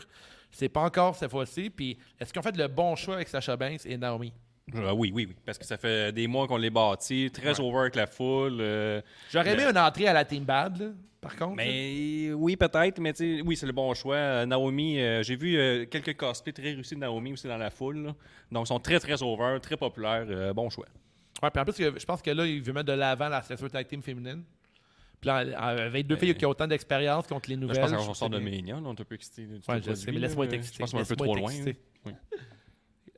[SPEAKER 3] C'est pas encore cette fois-ci. Puis, est-ce qu'on fait le bon choix avec Sacha Banks et Naomi?
[SPEAKER 5] Ah oui, oui, oui. Parce que ça fait des mois qu'on les bâtit, très over avec la foule. euh,
[SPEAKER 3] J'aurais aimé
[SPEAKER 5] Le-
[SPEAKER 3] une entrée à la Team Bad, là, par contre. là.
[SPEAKER 5] mais oui, peut-être, mais tu sais, oui, c'est le bon choix. Euh, Naomi, euh, j'ai vu euh, quelques cosplays très réussis de Naomi aussi dans la foule. là. Donc, ils sont très, très over, très populaires. euh, bon choix.
[SPEAKER 3] Ouais, puis en plus, que- je pense que là, il veut mettre de l'avant la censure tag team féminine. Puis là, en- avec deux filles qui ont autant d'expérience contre les
[SPEAKER 5] Là,
[SPEAKER 3] nouvelles.
[SPEAKER 5] je pense
[SPEAKER 3] je
[SPEAKER 5] qu'on
[SPEAKER 3] trouve
[SPEAKER 5] sort
[SPEAKER 3] que
[SPEAKER 5] de
[SPEAKER 3] c'est bien.
[SPEAKER 5] Mania, là, on est un peu excité. du
[SPEAKER 3] Ouais,
[SPEAKER 5] produit,
[SPEAKER 3] je sais, mais
[SPEAKER 5] là.
[SPEAKER 3] laisse-moi être
[SPEAKER 5] Je
[SPEAKER 3] excité.
[SPEAKER 5] pense qu'on est un peu trop
[SPEAKER 3] Laisse-moi
[SPEAKER 5] loin.
[SPEAKER 3] être
[SPEAKER 5] là.
[SPEAKER 3] excité.
[SPEAKER 5] Oui.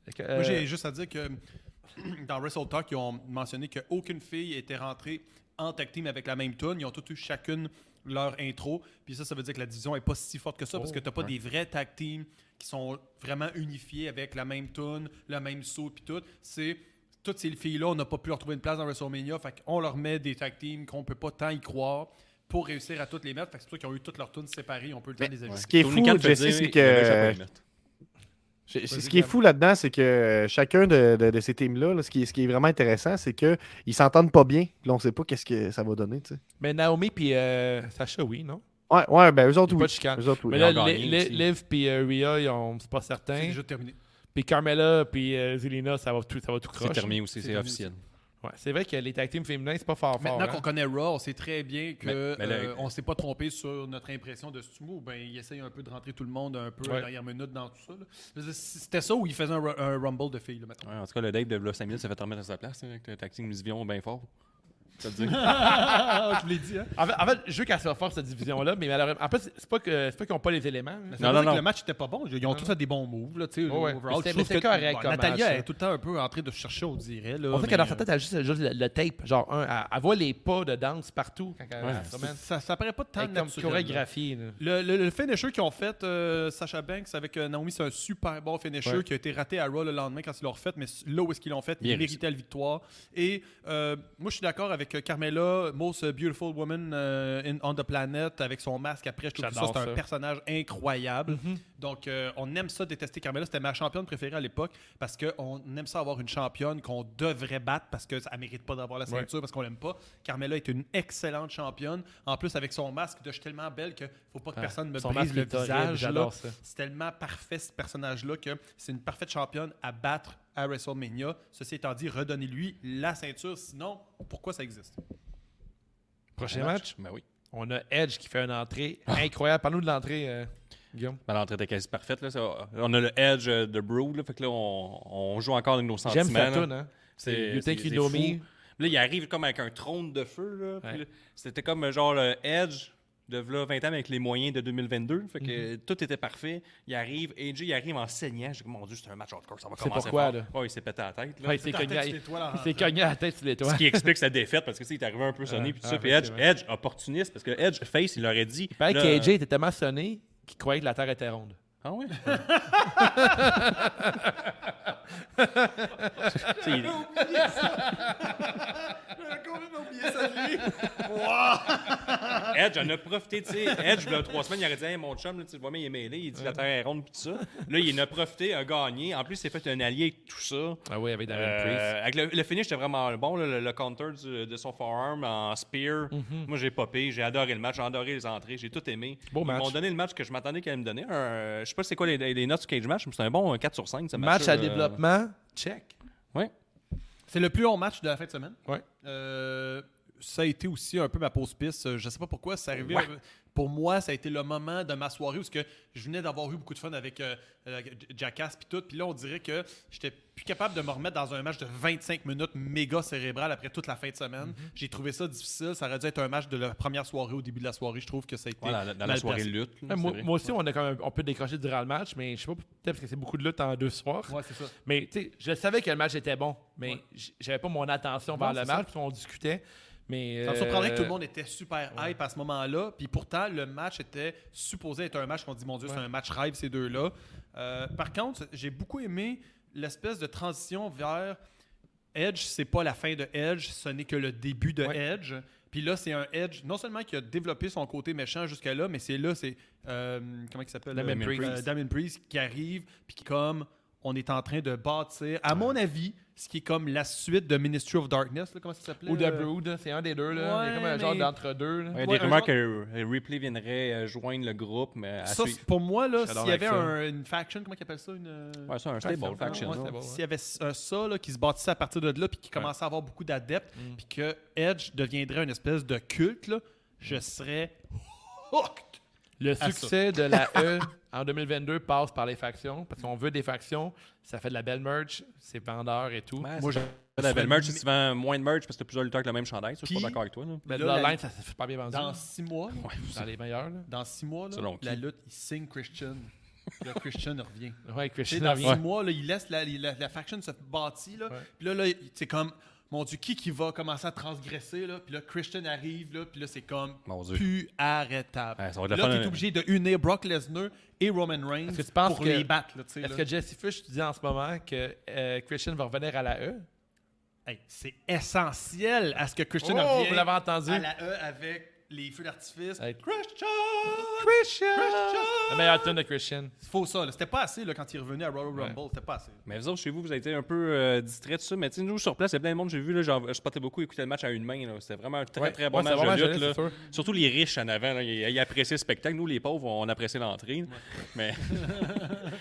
[SPEAKER 3] Fait que, euh,
[SPEAKER 4] Moi, j'ai juste à dire que dans Wrestle Talk, ils ont mentionné qu'aucune fille était rentrée en tag team avec la même tune. Ils ont toutes eu chacune leur intro. Puis ça, ça veut dire que la division n'est pas si forte que ça parce que
[SPEAKER 3] Oh,
[SPEAKER 4] tu pas des vrais tag teams qui sont vraiment unifiés avec la même tune, le même saut, puis tout. C'est. Toutes ces filles-là, on n'a pas pu leur trouver une place dans WrestleMania. Fait qu'on leur met des tag teams qu'on peut pas tant y croire pour réussir à toutes les mettre. Fait que c'est pour ça qu'ils ont eu toutes leurs tunes séparées. On peut le temps
[SPEAKER 6] Mais
[SPEAKER 4] de les ajouter.
[SPEAKER 6] Ce qui est
[SPEAKER 5] Tony
[SPEAKER 6] fou,
[SPEAKER 5] Khan
[SPEAKER 6] Jesse,
[SPEAKER 5] faisait,
[SPEAKER 6] c'est
[SPEAKER 5] il avait
[SPEAKER 6] que...
[SPEAKER 5] jamais mettre.
[SPEAKER 6] J'ai-
[SPEAKER 8] Vas-y,
[SPEAKER 6] c'est- Ce qui est
[SPEAKER 8] Gab.
[SPEAKER 6] fou là-dedans, c'est que euh, chacun de, de- de ces teams-là, là, ce, qui, est- ce qui est vraiment intéressant, c'est que ils s'entendent pas bien. Puis Là, on sait pas qu'est-ce que ça va donner. tu sais.
[SPEAKER 3] Mais Naomi puis euh, Sacha, oui, non?
[SPEAKER 6] Ouais, ouais, ben eux autres,
[SPEAKER 3] Y a
[SPEAKER 6] oui.
[SPEAKER 3] pas de chicane.
[SPEAKER 6] Eux autres, oui.
[SPEAKER 3] Mais
[SPEAKER 5] ils
[SPEAKER 3] là,
[SPEAKER 5] ont gagné
[SPEAKER 3] Li- Li-
[SPEAKER 5] aussi.
[SPEAKER 3] Liv puis euh, Rhea, ils ont- c'est pas
[SPEAKER 4] C'est
[SPEAKER 3] certain.
[SPEAKER 4] déjà terminé.
[SPEAKER 3] Puis Carmella puis euh, Zelina, ça va tout, ça va tout
[SPEAKER 5] C'est
[SPEAKER 3] croche.
[SPEAKER 5] terminé aussi, c'est
[SPEAKER 4] terminé
[SPEAKER 5] officiel.
[SPEAKER 3] Ouais, c'est vrai que les tag teams féminins, c'est pas fort fort.
[SPEAKER 4] Maintenant
[SPEAKER 3] hein.
[SPEAKER 4] qu'on connaît Raw, on sait très bien qu'on
[SPEAKER 5] Mais- mais là, écoute.
[SPEAKER 4] on s'est pas trompé sur notre impression de Stumo. Ben, il essaye un peu de rentrer tout le monde un peu à
[SPEAKER 3] Ouais.
[SPEAKER 4] la dernière minute dans tout ça. là. Je veux dire, si C'était ça où il faisait un, ru- un rumble de filles, là, mettons.
[SPEAKER 5] Ouais, en tout cas, le Dave de Vlog 5000 s'est fait remettre à sa place hein, avec le tactique Vision bien fort. Ça te dit?
[SPEAKER 4] Ah, je vous l'ai dit, hein?
[SPEAKER 3] En fait, en fait, je veux qu'elle soit forte, cette division-là, mais malheureusement. En fait, c'est- c'est pas que- c'est pas qu'ils n'ont pas les éléments. hein.
[SPEAKER 4] Ça veut
[SPEAKER 5] non,
[SPEAKER 4] dire que
[SPEAKER 5] non.
[SPEAKER 4] Le match était pas bon. Ils ont tous fait des bons moves. Là, tu sais,
[SPEAKER 3] Oh, Ouais, ouais.
[SPEAKER 4] overall.
[SPEAKER 3] Mais
[SPEAKER 4] Je
[SPEAKER 3] c'était-
[SPEAKER 4] trouve
[SPEAKER 3] mais c'était
[SPEAKER 4] que-
[SPEAKER 3] correct comme match,
[SPEAKER 4] Natalia
[SPEAKER 3] là.
[SPEAKER 4] est tout le temps un peu en train de chercher, on dirait. Là,
[SPEAKER 3] On dirait
[SPEAKER 4] mais, euh,
[SPEAKER 3] que
[SPEAKER 5] euh,
[SPEAKER 3] dans sa tête, elle a juste, juste le, le tape. Genre, un, elle, elle voit les pas de danse partout quand elle
[SPEAKER 5] Ouais,
[SPEAKER 3] elle se
[SPEAKER 5] c'est-
[SPEAKER 4] euh,
[SPEAKER 3] promène.
[SPEAKER 4] ça, ça paraît pas tant
[SPEAKER 3] Elle est comme
[SPEAKER 4] naturel, là.
[SPEAKER 3] chorégraphiée. là.
[SPEAKER 4] Le, le, le finisher qu'ils ont fait, euh, Sacha Banks avec euh, Naomi, c'est un super bon finisher
[SPEAKER 3] Ouais.
[SPEAKER 4] qui a été raté à Raw le lendemain quand ils l'ont refait, mais là où est-ce qu'ils l'ont fait,
[SPEAKER 5] Bien
[SPEAKER 4] ils méritaient la victoire. Et euh, moi, je suis d'accord avec avec euh, Carmela, Most Beautiful Woman euh, in- on the Planet, avec son masque après. Je trouve que ça,
[SPEAKER 3] J'adore
[SPEAKER 4] c'est
[SPEAKER 3] ça. Mm-hmm.
[SPEAKER 4] un personnage incroyable. Donc, euh, on aime ça détester Carmela. C'était ma championne préférée à l'époque parce qu'on aime ça avoir une championne qu'on devrait battre parce qu'elle ne mérite pas d'avoir la ceinture parce qu'on l'aime pas. Carmela est une excellente championne. En plus, avec son masque de je suis tellement belle que faut pas que personne me
[SPEAKER 3] Son
[SPEAKER 4] brise
[SPEAKER 3] masque
[SPEAKER 4] le
[SPEAKER 3] est horrible,
[SPEAKER 4] visage. là.
[SPEAKER 3] j'adore ça.
[SPEAKER 4] C'est tellement parfait ce personnage-là que c'est une parfaite championne à battre à WrestleMania. Ceci étant dit, redonnez-lui la ceinture, sinon, pourquoi ça existe?
[SPEAKER 3] Prochain match,
[SPEAKER 5] Ben oui.
[SPEAKER 3] on a Edge qui fait une entrée
[SPEAKER 5] Ah.
[SPEAKER 3] incroyable. Parle-nous de l'entrée, euh, Guillaume.
[SPEAKER 5] Ben, L'entrée était quasi parfaite. Là, ça- on a le edge euh, de Brew. Là, fait que là, on, on joue encore avec nos sentiments.
[SPEAKER 3] J'aime sa
[SPEAKER 5] là.
[SPEAKER 3] toune, hein?
[SPEAKER 5] C'est-
[SPEAKER 3] You
[SPEAKER 5] c'est-
[SPEAKER 3] Think You
[SPEAKER 5] c'est
[SPEAKER 3] Know
[SPEAKER 5] fou.
[SPEAKER 3] Me.
[SPEAKER 5] Puis Là, il arrive comme avec un trône de feu. là. Puis
[SPEAKER 3] Ouais.
[SPEAKER 5] là, C'était comme euh, genre le Edge de v'là 20 ans mais avec les moyens de 2022. Fait que
[SPEAKER 3] Mhm.
[SPEAKER 5] euh, tout était parfait. Il arrive, AJ, il arrive en saignant. J'ai dit, mon Dieu, c'est un match hardcore, ça va
[SPEAKER 3] C'est
[SPEAKER 5] commencer
[SPEAKER 3] pourquoi,
[SPEAKER 5] fort.
[SPEAKER 3] là?
[SPEAKER 5] Ouais, il s'est pété la tête. là.
[SPEAKER 3] Ouais, il s'est
[SPEAKER 4] T'as
[SPEAKER 3] cogné, à-
[SPEAKER 4] fait, c'est toi, là,
[SPEAKER 3] il s'est cogné à la tête sur les toits.
[SPEAKER 5] Ce qui explique sa défaite parce que tu sais, il est arrivé un peu sonné. Puis tout
[SPEAKER 3] ah,
[SPEAKER 5] ça. Puis Edge,
[SPEAKER 3] effectivement.
[SPEAKER 5] Edge, opportuniste parce que Edge, Face, il aurait dit.
[SPEAKER 3] Il paraît
[SPEAKER 5] là,
[SPEAKER 3] qu'AJ était tellement sonné qu'il croyait que la Terre était ronde.
[SPEAKER 5] Ah ouais? Tu sais, il- Edge en a profité, tu sais. Edge, là, trois semaines, il aurait dit Hey, mon chum, là, tu le vois, mais il est mêlé, il dit la terre est ronde, puis tout ça. Là, il en a profité, a gagné. En plus, il s'est fait un allié avec tout ça.
[SPEAKER 3] Ah oui, avec Darren
[SPEAKER 5] Euh, avec le, le finish était vraiment bon, là, le, le counter du- de son forearm en spear.
[SPEAKER 4] Mhm.
[SPEAKER 5] Moi, j'ai popé, j'ai adoré le match, j'ai adoré les entrées, j'ai tout aimé.
[SPEAKER 3] Beau
[SPEAKER 5] Ils
[SPEAKER 3] match.
[SPEAKER 5] m'ont donné le match que je m'attendais qu'elle me donner. Un- euh, je sais pas c'est quoi les, les notes du cage match, mais c'est un bon euh, 4 sur 5. Ce
[SPEAKER 3] Match
[SPEAKER 5] match-là,
[SPEAKER 3] à
[SPEAKER 5] euh,
[SPEAKER 3] développement, check.
[SPEAKER 4] C'est le plus long match de la fin de semaine.
[SPEAKER 3] Ouais.
[SPEAKER 4] Euh, ça a été aussi un peu ma pause piste. Euh, Je sais pas pourquoi, c'est arrivé. euh, Pour moi, ça a été le moment de ma soirée où ce que je venais d'avoir eu beaucoup de fun avec euh, euh, J- Jackass puis tout. Puis là, on dirait que j'étais plus capable de me remettre dans un match de 25 minutes méga cérébral après toute la fin de semaine. J'ai trouvé ça difficile. Ça aurait dû être un match de la première soirée au début de la soirée. Je trouve que ça a été
[SPEAKER 5] Voilà, dans la
[SPEAKER 4] mal
[SPEAKER 5] soirée
[SPEAKER 4] placé.
[SPEAKER 5] lutte.
[SPEAKER 3] Ouais,
[SPEAKER 5] là, c'est
[SPEAKER 3] moi,
[SPEAKER 5] vrai.
[SPEAKER 3] moi aussi, on, a quand même- on peut décrocher durant le match, mais je sais pas, peut-être parce que c'est beaucoup de lutte en deux soirs.
[SPEAKER 4] Ouais, c'est ça.
[SPEAKER 3] Mais tu sais, je savais que le match était bon, mais j- j'avais pas mon attention vers
[SPEAKER 4] Non,
[SPEAKER 3] le
[SPEAKER 4] c'est ça.
[SPEAKER 3] match, puis on discutait. Mais,
[SPEAKER 4] Ça me surprendrait que tout le
[SPEAKER 3] euh,
[SPEAKER 4] monde était super hype à ce moment-là. Puis pourtant, le match était supposé être un match qu'on dit, mon Dieu, c'est un match rêve, ces deux-là. Euh, par contre, j'ai beaucoup aimé l'espèce de transition vers Edge, c'est pas la fin de Edge, ce n'est que le début de
[SPEAKER 3] Ouais.
[SPEAKER 4] Edge. Puis là, c'est un Edge, non seulement qui a développé son côté méchant jusqu'à là, mais c'est là, c'est. euh, comment il s'appelle
[SPEAKER 3] Damien
[SPEAKER 4] euh,
[SPEAKER 3] Priest.
[SPEAKER 4] euh, Damien Priest qui arrive, puis qui, comme. On est en train de bâtir, à mon avis, ce qui est comme la suite de Ministry of Darkness, là, comment ça s'appelait
[SPEAKER 3] Ou de
[SPEAKER 4] euh,
[SPEAKER 3] Brood, c'est un des deux. Là. Il y a
[SPEAKER 4] Ouais,
[SPEAKER 3] comme un genre
[SPEAKER 4] mais-
[SPEAKER 3] d'entre-deux. là.
[SPEAKER 5] Il y a
[SPEAKER 4] Ouais,
[SPEAKER 5] des
[SPEAKER 4] un
[SPEAKER 5] rumeurs
[SPEAKER 4] genre-
[SPEAKER 5] que euh, Ripley viendrait euh, joindre le groupe, mais à
[SPEAKER 4] Ça,
[SPEAKER 5] suivre.
[SPEAKER 4] c'est- pour moi, là,
[SPEAKER 3] Ah, J'adore
[SPEAKER 4] s'il y
[SPEAKER 3] avec
[SPEAKER 4] avait
[SPEAKER 3] ça.
[SPEAKER 4] un- une faction, comment ils appellent ça une, euh,
[SPEAKER 5] Ouais, c'est un stable faction.
[SPEAKER 3] ouais,
[SPEAKER 5] là.
[SPEAKER 3] c'est bon, ouais.
[SPEAKER 4] S'il y avait un ça là, qui se bâtissait à partir de là, puis qui commençait à avoir beaucoup d'adeptes,
[SPEAKER 3] Mm.
[SPEAKER 4] puis que Edge deviendrait une espèce de culte, là,
[SPEAKER 3] Mm.
[SPEAKER 4] je serais hooked.
[SPEAKER 3] Le
[SPEAKER 4] ça.
[SPEAKER 3] succès de la E en 2022 passe par les factions, parce qu'on veut des factions, ça fait de la belle merch, c'est vendeur et tout.
[SPEAKER 5] Ouais,
[SPEAKER 4] Moi,
[SPEAKER 5] c'est
[SPEAKER 4] je-
[SPEAKER 5] pas la belle ben, merch, si tu vends moins de merch parce que t'as plusieurs lutteurs avec le même chandail, ça, je suis
[SPEAKER 4] Puis-
[SPEAKER 5] pas d'accord avec toi. là.
[SPEAKER 3] Mais
[SPEAKER 4] Là, la-
[SPEAKER 3] line, ça s'est super bien vendu.
[SPEAKER 4] Dans
[SPEAKER 3] Dans,
[SPEAKER 4] six mois, là,
[SPEAKER 3] les meilleurs. Là.
[SPEAKER 4] dans six mois là,
[SPEAKER 5] Selon qui?
[SPEAKER 4] la lutte, il signe Christian. Là, Christian revient.
[SPEAKER 3] Ouais,
[SPEAKER 4] Tu sais,
[SPEAKER 3] Christian
[SPEAKER 4] dans
[SPEAKER 3] revient.
[SPEAKER 4] six mois, là, il laisse la, la- la faction se bâtir. Là. Puis là, là, il- c'est comme, mon Dieu, qui qui va commencer à transgresser? Là? Puis là, Christian arrive, là, puis là, c'est comme
[SPEAKER 5] Mon Dieu.
[SPEAKER 4] plus arrêtable.
[SPEAKER 5] Ouais, ça va être
[SPEAKER 4] là,
[SPEAKER 5] le fun,
[SPEAKER 4] tu es
[SPEAKER 5] hein.
[SPEAKER 4] obligé de unir Brock Lesnar et Roman Reigns
[SPEAKER 3] Est-ce que tu penses
[SPEAKER 4] pour
[SPEAKER 3] que-
[SPEAKER 4] les battre. là, tu sais,
[SPEAKER 3] Est-ce
[SPEAKER 4] là.
[SPEAKER 3] que Jesse Fish dit en ce moment que euh, Christian va revenir à la E?
[SPEAKER 4] Hey, c'est essentiel à ce que Christian
[SPEAKER 3] Oh,
[SPEAKER 4] revienne
[SPEAKER 3] vous l'avez entendu.
[SPEAKER 4] à la E avec les feux d'artifice.
[SPEAKER 3] Hey.
[SPEAKER 4] Christian!
[SPEAKER 3] Christian! La
[SPEAKER 4] Christian! Ah,
[SPEAKER 3] meilleure tune de Christian.
[SPEAKER 4] C'est faux ça. là. C'était pas assez là, quand il est revenu à Royal Rumble. C'était pas assez.
[SPEAKER 5] Mais vous autres, chez vous, vous avez été un peu euh, distraits de ça. Mais tu sais, nous, sur place, il y a plein de monde, j'ai vu, là, genre, je spottais beaucoup écouter le match à une main. là. C'était vraiment un très,
[SPEAKER 3] Ouais.
[SPEAKER 5] très bon
[SPEAKER 3] Ouais, c'est
[SPEAKER 5] match
[SPEAKER 3] vraiment
[SPEAKER 5] de lutte.
[SPEAKER 3] joli,
[SPEAKER 5] là.
[SPEAKER 3] c'est sûr.
[SPEAKER 5] Surtout les riches en avant, là, ils, ils appréciaient le spectacle. Nous, les pauvres, on appréciait l'entrée. Mais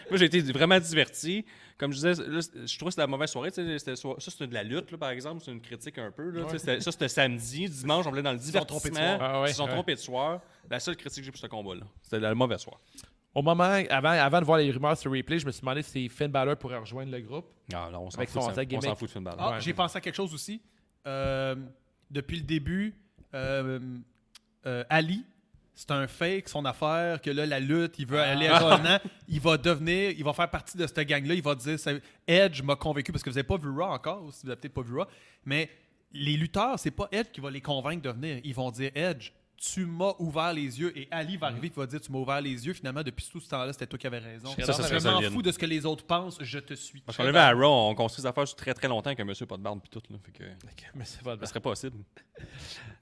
[SPEAKER 5] moi, j'ai été vraiment diverti. Comme je disais, là, c'est- je trouve que c'était la mauvaise soirée. tu sais, c'était so- Ça, c'était de la lutte, là, par exemple. C'est une critique un peu. là. Tu sais, c'était- Ça, c'était samedi. Dimanche, on voulait dans le
[SPEAKER 4] sont trompés de soir.
[SPEAKER 5] divertissement.
[SPEAKER 3] Ah ouais,
[SPEAKER 5] Ils se sont
[SPEAKER 3] ouais.
[SPEAKER 5] trompés de soir. La seule critique que j'ai pour ce combat-là, c'était la mauvaise soirée.
[SPEAKER 3] Au moment, avant, avant de voir les rumeurs sur replay, je me suis demandé si Finn Balor pourrait rejoindre le groupe.
[SPEAKER 5] Ah, Non, non, on s'en
[SPEAKER 3] Avec
[SPEAKER 5] fout, de
[SPEAKER 3] son
[SPEAKER 5] ça.
[SPEAKER 3] tag
[SPEAKER 5] On s'en
[SPEAKER 3] gimmick.
[SPEAKER 5] fout de Finn Balor.
[SPEAKER 4] Ah, j'ai pensé à quelque chose aussi. Euh, depuis le début, euh, euh, Ali, c'est un fake, son affaire, que là, la lutte, il veut aller à Ronan. Il va devenir, il va faire partie de cette gang-là. Il va dire, ça- Edge m'a convaincu, parce que vous n'avez pas vu Raw encore, ou si vous n'avez peut-être pas vu Raw, mais les lutteurs, c'est pas Edge qui va les convaincre de venir. Ils vont dire, Edge, tu m'as ouvert les yeux et Ali va arriver qui va dire tu m'as ouvert les yeux finalement depuis tout ce temps-là c'était toi qui avais raison
[SPEAKER 5] Ça, ça serait
[SPEAKER 4] je m'en
[SPEAKER 5] solide.
[SPEAKER 4] fous de ce que les autres pensent je te suis
[SPEAKER 5] Parce qu'on l'a vu à Raw, on construit des affaires sur très très longtemps avec un monsieur pas de barbe puis tout. Là, fait que
[SPEAKER 3] Mais c'est pas de
[SPEAKER 5] ça serait pas possible.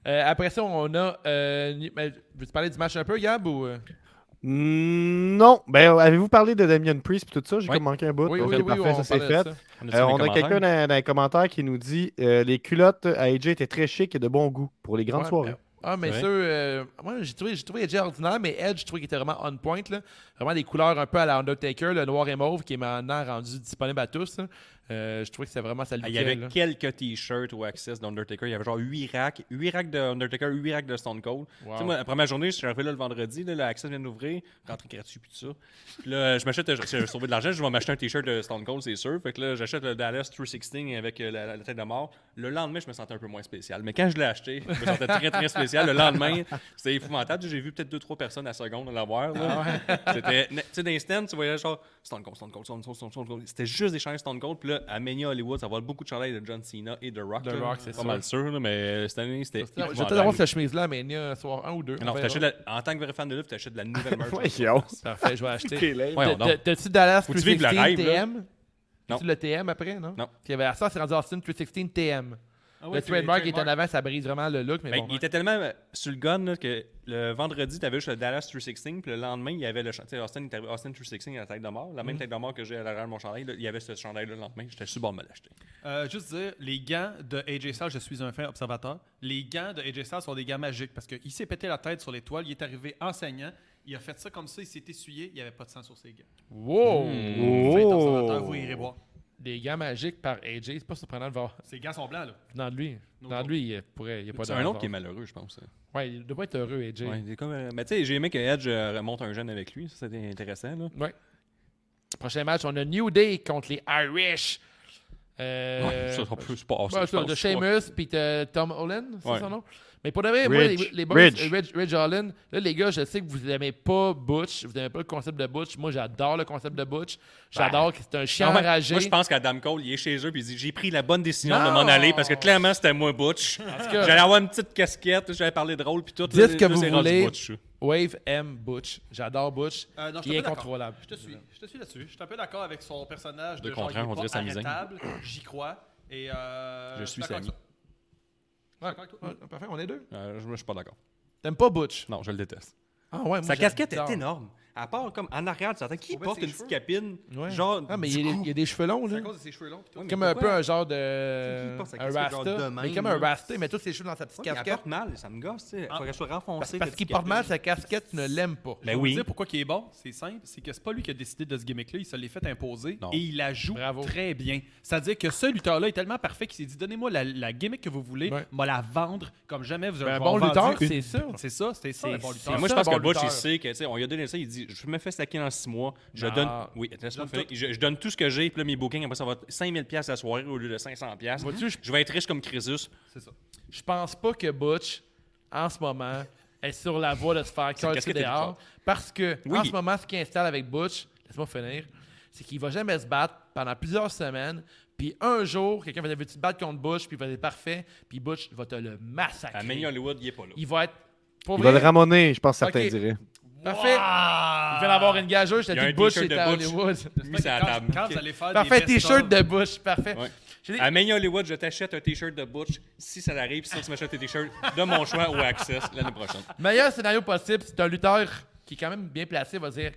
[SPEAKER 3] Euh, après ça, on a. Euh, ni- mais Veux-tu parler du match un peu, Gab ou... euh?
[SPEAKER 6] Mm, Non. Ben, avez-vous parlé de Damien Priest et tout ça? J'ai
[SPEAKER 5] Oui.
[SPEAKER 6] comme manqué un bout.
[SPEAKER 3] Oui,
[SPEAKER 6] Ok,
[SPEAKER 3] oui, oui,
[SPEAKER 6] parfait,
[SPEAKER 3] on
[SPEAKER 6] ça c'est
[SPEAKER 3] parlait
[SPEAKER 6] fait.
[SPEAKER 3] de ça.
[SPEAKER 5] On
[SPEAKER 6] Euh, on a quelqu'un dans, dans les commentaires qui nous dit euh, les culottes à AJ étaient très chic et de bon goût pour les grandes
[SPEAKER 3] Ouais,
[SPEAKER 6] soirées.
[SPEAKER 3] ben, Ah, mais
[SPEAKER 5] C'est
[SPEAKER 3] ceux. euh, moi, j'ai trouvé, j'ai trouvé Edge ordinaire, mais Edge, je trouvais qu'il était vraiment on point. Là. Vraiment des couleurs un peu à la Undertaker, le noir et mauve, qui est maintenant rendu disponible à tous. là. Euh, je trouvais que c'est vraiment
[SPEAKER 4] Ah,
[SPEAKER 3] ça le
[SPEAKER 5] Il y avait quelques t-shirts au Access d'Undertaker. Il y avait genre 8 racks. 8 racks d'Undertaker, 8 racks de Stone Cold. Tu sais, moi, la première journée, je suis arrivé là le vendredi, là, le Access vient d'ouvrir, rentrée gratuite, puis tout ça. Puis là, je m'achète, je- j'ai sauvé de l'argent, je vais m'acheter un t-shirt de Stone Cold, c'est sûr. Fait que là, j'achète le Dallas 316 avec euh, la, la- la tête de mort. Le lendemain, je me sentais un peu moins spécial. Mais quand je l'ai acheté, je me sentais très, très spécial. Le lendemain, c'était épouvantable. J'ai vu peut-être deux, trois personnes à la seconde l'avoir. là. C'était, tu sais, d'instant, tu voyais genre Stone Cold, Stone Cold, Stone Cold, Stone Cold. Stone Cold. C'était juste des chaînes Stone Cold. Puis là, à Mania Hollywood, ça va avoir beaucoup de chandails de John Cena et de Rock.
[SPEAKER 3] The
[SPEAKER 5] là.
[SPEAKER 3] Rock, c'est
[SPEAKER 5] Pas
[SPEAKER 3] sûr.
[SPEAKER 5] mal sûr, là, mais euh, cette année, c'était.
[SPEAKER 3] Je vais peut-être
[SPEAKER 5] épouvantable.
[SPEAKER 3] avoir cette chemise-là, mais il y a un soir un ou deux.
[SPEAKER 5] Non,
[SPEAKER 3] on verra.
[SPEAKER 5] t'achètes la- en tant que vrai fan de lutte, tu achètes de la nouvelle
[SPEAKER 3] ben,
[SPEAKER 5] merch.
[SPEAKER 6] Ouais, j'ai hâte.
[SPEAKER 3] Parfait, je vais acheter.
[SPEAKER 5] Voyons
[SPEAKER 3] T'as-
[SPEAKER 5] donc.
[SPEAKER 3] T'as-tu Dallas
[SPEAKER 5] Faut-tu vivre le
[SPEAKER 3] 316
[SPEAKER 5] rêve, là?
[SPEAKER 3] TM?
[SPEAKER 5] Non.
[SPEAKER 3] Tu le TM après, non?
[SPEAKER 5] Non.
[SPEAKER 3] Puis il y avait à ça, c'est rendu Austin 316 TM.
[SPEAKER 8] Ah
[SPEAKER 3] le
[SPEAKER 8] ouais, c'est les
[SPEAKER 3] trademark qui est en
[SPEAKER 8] trademarks.
[SPEAKER 3] avant, ça brise vraiment le look, mais
[SPEAKER 5] Ben,
[SPEAKER 3] bon. hein.
[SPEAKER 5] il était tellement euh, sur le gun là, que le vendredi, tu avais juste le Dallas 316, puis le lendemain, il y avait le cha- tu sais, Austin, il était arrivé- Austin 316 à la tête de mort,
[SPEAKER 3] Mm-hmm.
[SPEAKER 5] la même tête de mort que j'ai à l'arrière de mon chandail. là, il y avait ce chandail-là le lendemain, j'étais sur le bord de me l'acheter.
[SPEAKER 4] Euh, juste dire, les gants de AJ Styles, je suis un fin observateur. Les gants de AJ Styles sont des gants magiques parce qu'il s'est pété la tête sur l'étoile, il est arrivé enseignant, il a fait ça comme ça, il s'est essuyé, il n'y avait pas de sang sur ses gants.
[SPEAKER 3] Wow!
[SPEAKER 5] Hmm.
[SPEAKER 4] Fin
[SPEAKER 6] Oh!
[SPEAKER 4] observateur, vous irez voir.
[SPEAKER 3] Des gants magiques par AJ, c'est pas surprenant de voir.
[SPEAKER 4] Ces gants sont blancs, là.
[SPEAKER 3] Dans de lui.
[SPEAKER 4] No
[SPEAKER 3] dans de
[SPEAKER 4] joke.
[SPEAKER 3] lui, il pourrait. Il y a pas
[SPEAKER 5] C'est
[SPEAKER 3] de
[SPEAKER 5] un
[SPEAKER 3] hasard.
[SPEAKER 5] autre qui est malheureux, je pense. hein.
[SPEAKER 3] Ouais, il doit pas être heureux, AJ.
[SPEAKER 5] Ouais, il est comme, euh, mais tu sais, j'ai aimé que Edge euh, remonte un jeune avec lui, ça c'était intéressant. Là.
[SPEAKER 3] Prochain match, on a New Day contre les Irish. Euh,
[SPEAKER 5] Ouais, Ah, ça, ça peut se passer,
[SPEAKER 3] Ouais,
[SPEAKER 5] je
[SPEAKER 3] ça,
[SPEAKER 5] pense,
[SPEAKER 3] de
[SPEAKER 5] je crois.
[SPEAKER 3] Sheamus puis de Tom Holland, c'est
[SPEAKER 5] Ouais.
[SPEAKER 3] son nom. Mais pour de vrai, moi, les,
[SPEAKER 6] Ridge.
[SPEAKER 3] les boys,
[SPEAKER 6] Ridge.
[SPEAKER 3] Ridge, Ridge Holland, là, les gars, je sais que vous n'aimez pas Butch, vous n'aimez pas le concept de Butch. Moi, j'adore le concept de Butch. J'adore que c'est un chien
[SPEAKER 5] Ben. Ah ouais,
[SPEAKER 3] enragé.
[SPEAKER 5] Moi, je pense qu'Adam Cole, il est chez eux, puis il dit J'ai pris la bonne décision de
[SPEAKER 3] Non!
[SPEAKER 5] m'en aller parce que clairement, c'était moi, Butch.
[SPEAKER 3] que-
[SPEAKER 5] J'allais avoir une petite casquette, j'allais parler drôle, puis tout.
[SPEAKER 3] Dites ce que
[SPEAKER 5] Là,
[SPEAKER 3] vous
[SPEAKER 5] c'est rendu
[SPEAKER 3] voulez.
[SPEAKER 5] Butch.
[SPEAKER 3] Wave aime Butch. J'adore Butch.
[SPEAKER 4] Euh, non, je suis
[SPEAKER 3] il est
[SPEAKER 4] pas d'accord.
[SPEAKER 3] incontrôlable.
[SPEAKER 4] Je te suis, je te suis là-dessus. Je suis un peu d'accord avec son personnage de,
[SPEAKER 5] Deux
[SPEAKER 4] genre,
[SPEAKER 5] contre un,
[SPEAKER 4] il est
[SPEAKER 5] on
[SPEAKER 4] pas
[SPEAKER 5] dirait Sami Zayn.
[SPEAKER 4] arrêtable, j'y crois. Et euh,
[SPEAKER 5] Je suis
[SPEAKER 4] d'accord avec
[SPEAKER 5] Sami.
[SPEAKER 4] ça.
[SPEAKER 3] Ouais,
[SPEAKER 5] Ah,
[SPEAKER 3] ouais, parfait, on est deux.
[SPEAKER 5] Euh, je, je suis pas d'accord.
[SPEAKER 3] T'aimes pas Butch?
[SPEAKER 5] Non, je le déteste.
[SPEAKER 3] Ah ouais, moi,
[SPEAKER 5] Sa casquette
[SPEAKER 3] j'adore.
[SPEAKER 5] est énorme. À part comme en arrière, tu entends qui
[SPEAKER 4] mettre
[SPEAKER 5] porte
[SPEAKER 4] ses
[SPEAKER 5] une
[SPEAKER 4] cheveux.
[SPEAKER 5] petite capine,
[SPEAKER 3] Ouais.
[SPEAKER 5] genre.
[SPEAKER 3] Ah, mais
[SPEAKER 5] du
[SPEAKER 3] il y, a,
[SPEAKER 5] cou.
[SPEAKER 3] il y a des cheveux longs,
[SPEAKER 4] C'est
[SPEAKER 3] là.
[SPEAKER 4] à cause de ses cheveux longs. pis tout.
[SPEAKER 5] Ouais, mais
[SPEAKER 3] Comme un
[SPEAKER 5] pourquoi-
[SPEAKER 3] peu un genre
[SPEAKER 5] Tu sais,
[SPEAKER 3] de.
[SPEAKER 5] qui porte sa
[SPEAKER 3] Un
[SPEAKER 5] casquette genre de
[SPEAKER 3] rasta.
[SPEAKER 5] même,
[SPEAKER 3] Mais comme un
[SPEAKER 5] là?
[SPEAKER 3] rasta, il met tous ses cheveux dans sa petite
[SPEAKER 5] Ouais, Il
[SPEAKER 3] casquette. Ah.
[SPEAKER 5] porte mal, ça me gosse, tu sais. Faut qu'elle soit renfoncée.
[SPEAKER 3] Parce
[SPEAKER 5] la
[SPEAKER 3] qu'il
[SPEAKER 5] petite
[SPEAKER 3] porte mal
[SPEAKER 5] capine.
[SPEAKER 3] sa casquette, tu ne l'aimes pas.
[SPEAKER 5] Ben
[SPEAKER 4] Je vais vous
[SPEAKER 5] oui.
[SPEAKER 4] dire pourquoi il est bon, c'est simple, c'est que c'est pas lui qui a décidé de ce gimmick-là, il se l'est fait imposer
[SPEAKER 5] Non.
[SPEAKER 4] et il la joue
[SPEAKER 3] Bravo.
[SPEAKER 4] très bien. C'est-à-dire que ce lutteur-là est tellement parfait qu'il s'est dit donnez-moi la, la gimmick que vous voulez,
[SPEAKER 3] Ouais.
[SPEAKER 4] moi la vendre comme jamais vous
[SPEAKER 3] Ben,
[SPEAKER 4] avez
[SPEAKER 3] un bon lutteur, c'est ça.
[SPEAKER 4] C'est ça, c'est ça,
[SPEAKER 3] C'est-
[SPEAKER 4] un bon
[SPEAKER 3] c'est-
[SPEAKER 4] lutteur.
[SPEAKER 5] Moi, je
[SPEAKER 3] Ça,
[SPEAKER 5] pense
[SPEAKER 3] bon
[SPEAKER 5] que Butch,
[SPEAKER 3] lutteur.
[SPEAKER 5] il sait que, tu sais, on lui a donné ça, il dit Je me fais stacker dans six mois, je
[SPEAKER 3] Non.
[SPEAKER 5] donne. Oui, attends, laisse-moi finir. je, je donne tout ce que j'ai, puis là, mes bookings, après ça va être 5000$ la soirée au lieu de 500$.
[SPEAKER 3] Vois-tu, je-
[SPEAKER 5] je... vais être riche comme Crésus.
[SPEAKER 4] C'est ça.
[SPEAKER 3] Je pense pas que Butch, en ce moment, est sur la voie de se faire casser
[SPEAKER 5] casquette est
[SPEAKER 3] dehors. Parce que,
[SPEAKER 5] Oui.
[SPEAKER 3] en ce moment, ce qui installe avec Butch, laisse-moi finir, c'est qu'il va jamais se battre pendant plusieurs semaines. Puis un jour, quelqu'un va dire Veux-tu te battre contre Butch Puis il va dire Parfait. Puis Butch va te le massacrer.
[SPEAKER 5] À Mania Hollywood, il est pas là.
[SPEAKER 3] Il va être. Pour
[SPEAKER 6] Il
[SPEAKER 3] vrai,
[SPEAKER 6] va le ramonner, je pense que certains
[SPEAKER 3] Ok.
[SPEAKER 6] diraient.
[SPEAKER 3] Parfait. Il vient d'avoir une gageuse. Je
[SPEAKER 5] Il y
[SPEAKER 3] te
[SPEAKER 5] a
[SPEAKER 3] dis
[SPEAKER 5] un
[SPEAKER 3] Butch
[SPEAKER 5] t-shirt
[SPEAKER 3] est
[SPEAKER 5] de
[SPEAKER 3] à
[SPEAKER 5] Butch.
[SPEAKER 3] Hollywood.
[SPEAKER 5] Mis sur la
[SPEAKER 4] Quand-
[SPEAKER 5] table.
[SPEAKER 4] Quand vous allez faire
[SPEAKER 3] Parfait,
[SPEAKER 4] des
[SPEAKER 3] t-shirt
[SPEAKER 4] best-of-
[SPEAKER 3] de Butch. Parfait.
[SPEAKER 5] Ouais.
[SPEAKER 3] J'ai dit-
[SPEAKER 5] À Mania Hollywood, je t'achète un t-shirt de Butch si ça arrive, sinon tu m'achètes un t-shirt de mon choix au Access l'année prochaine.
[SPEAKER 3] Meilleur scénario possible, c'est un lutteur qui est quand même bien placé, va dire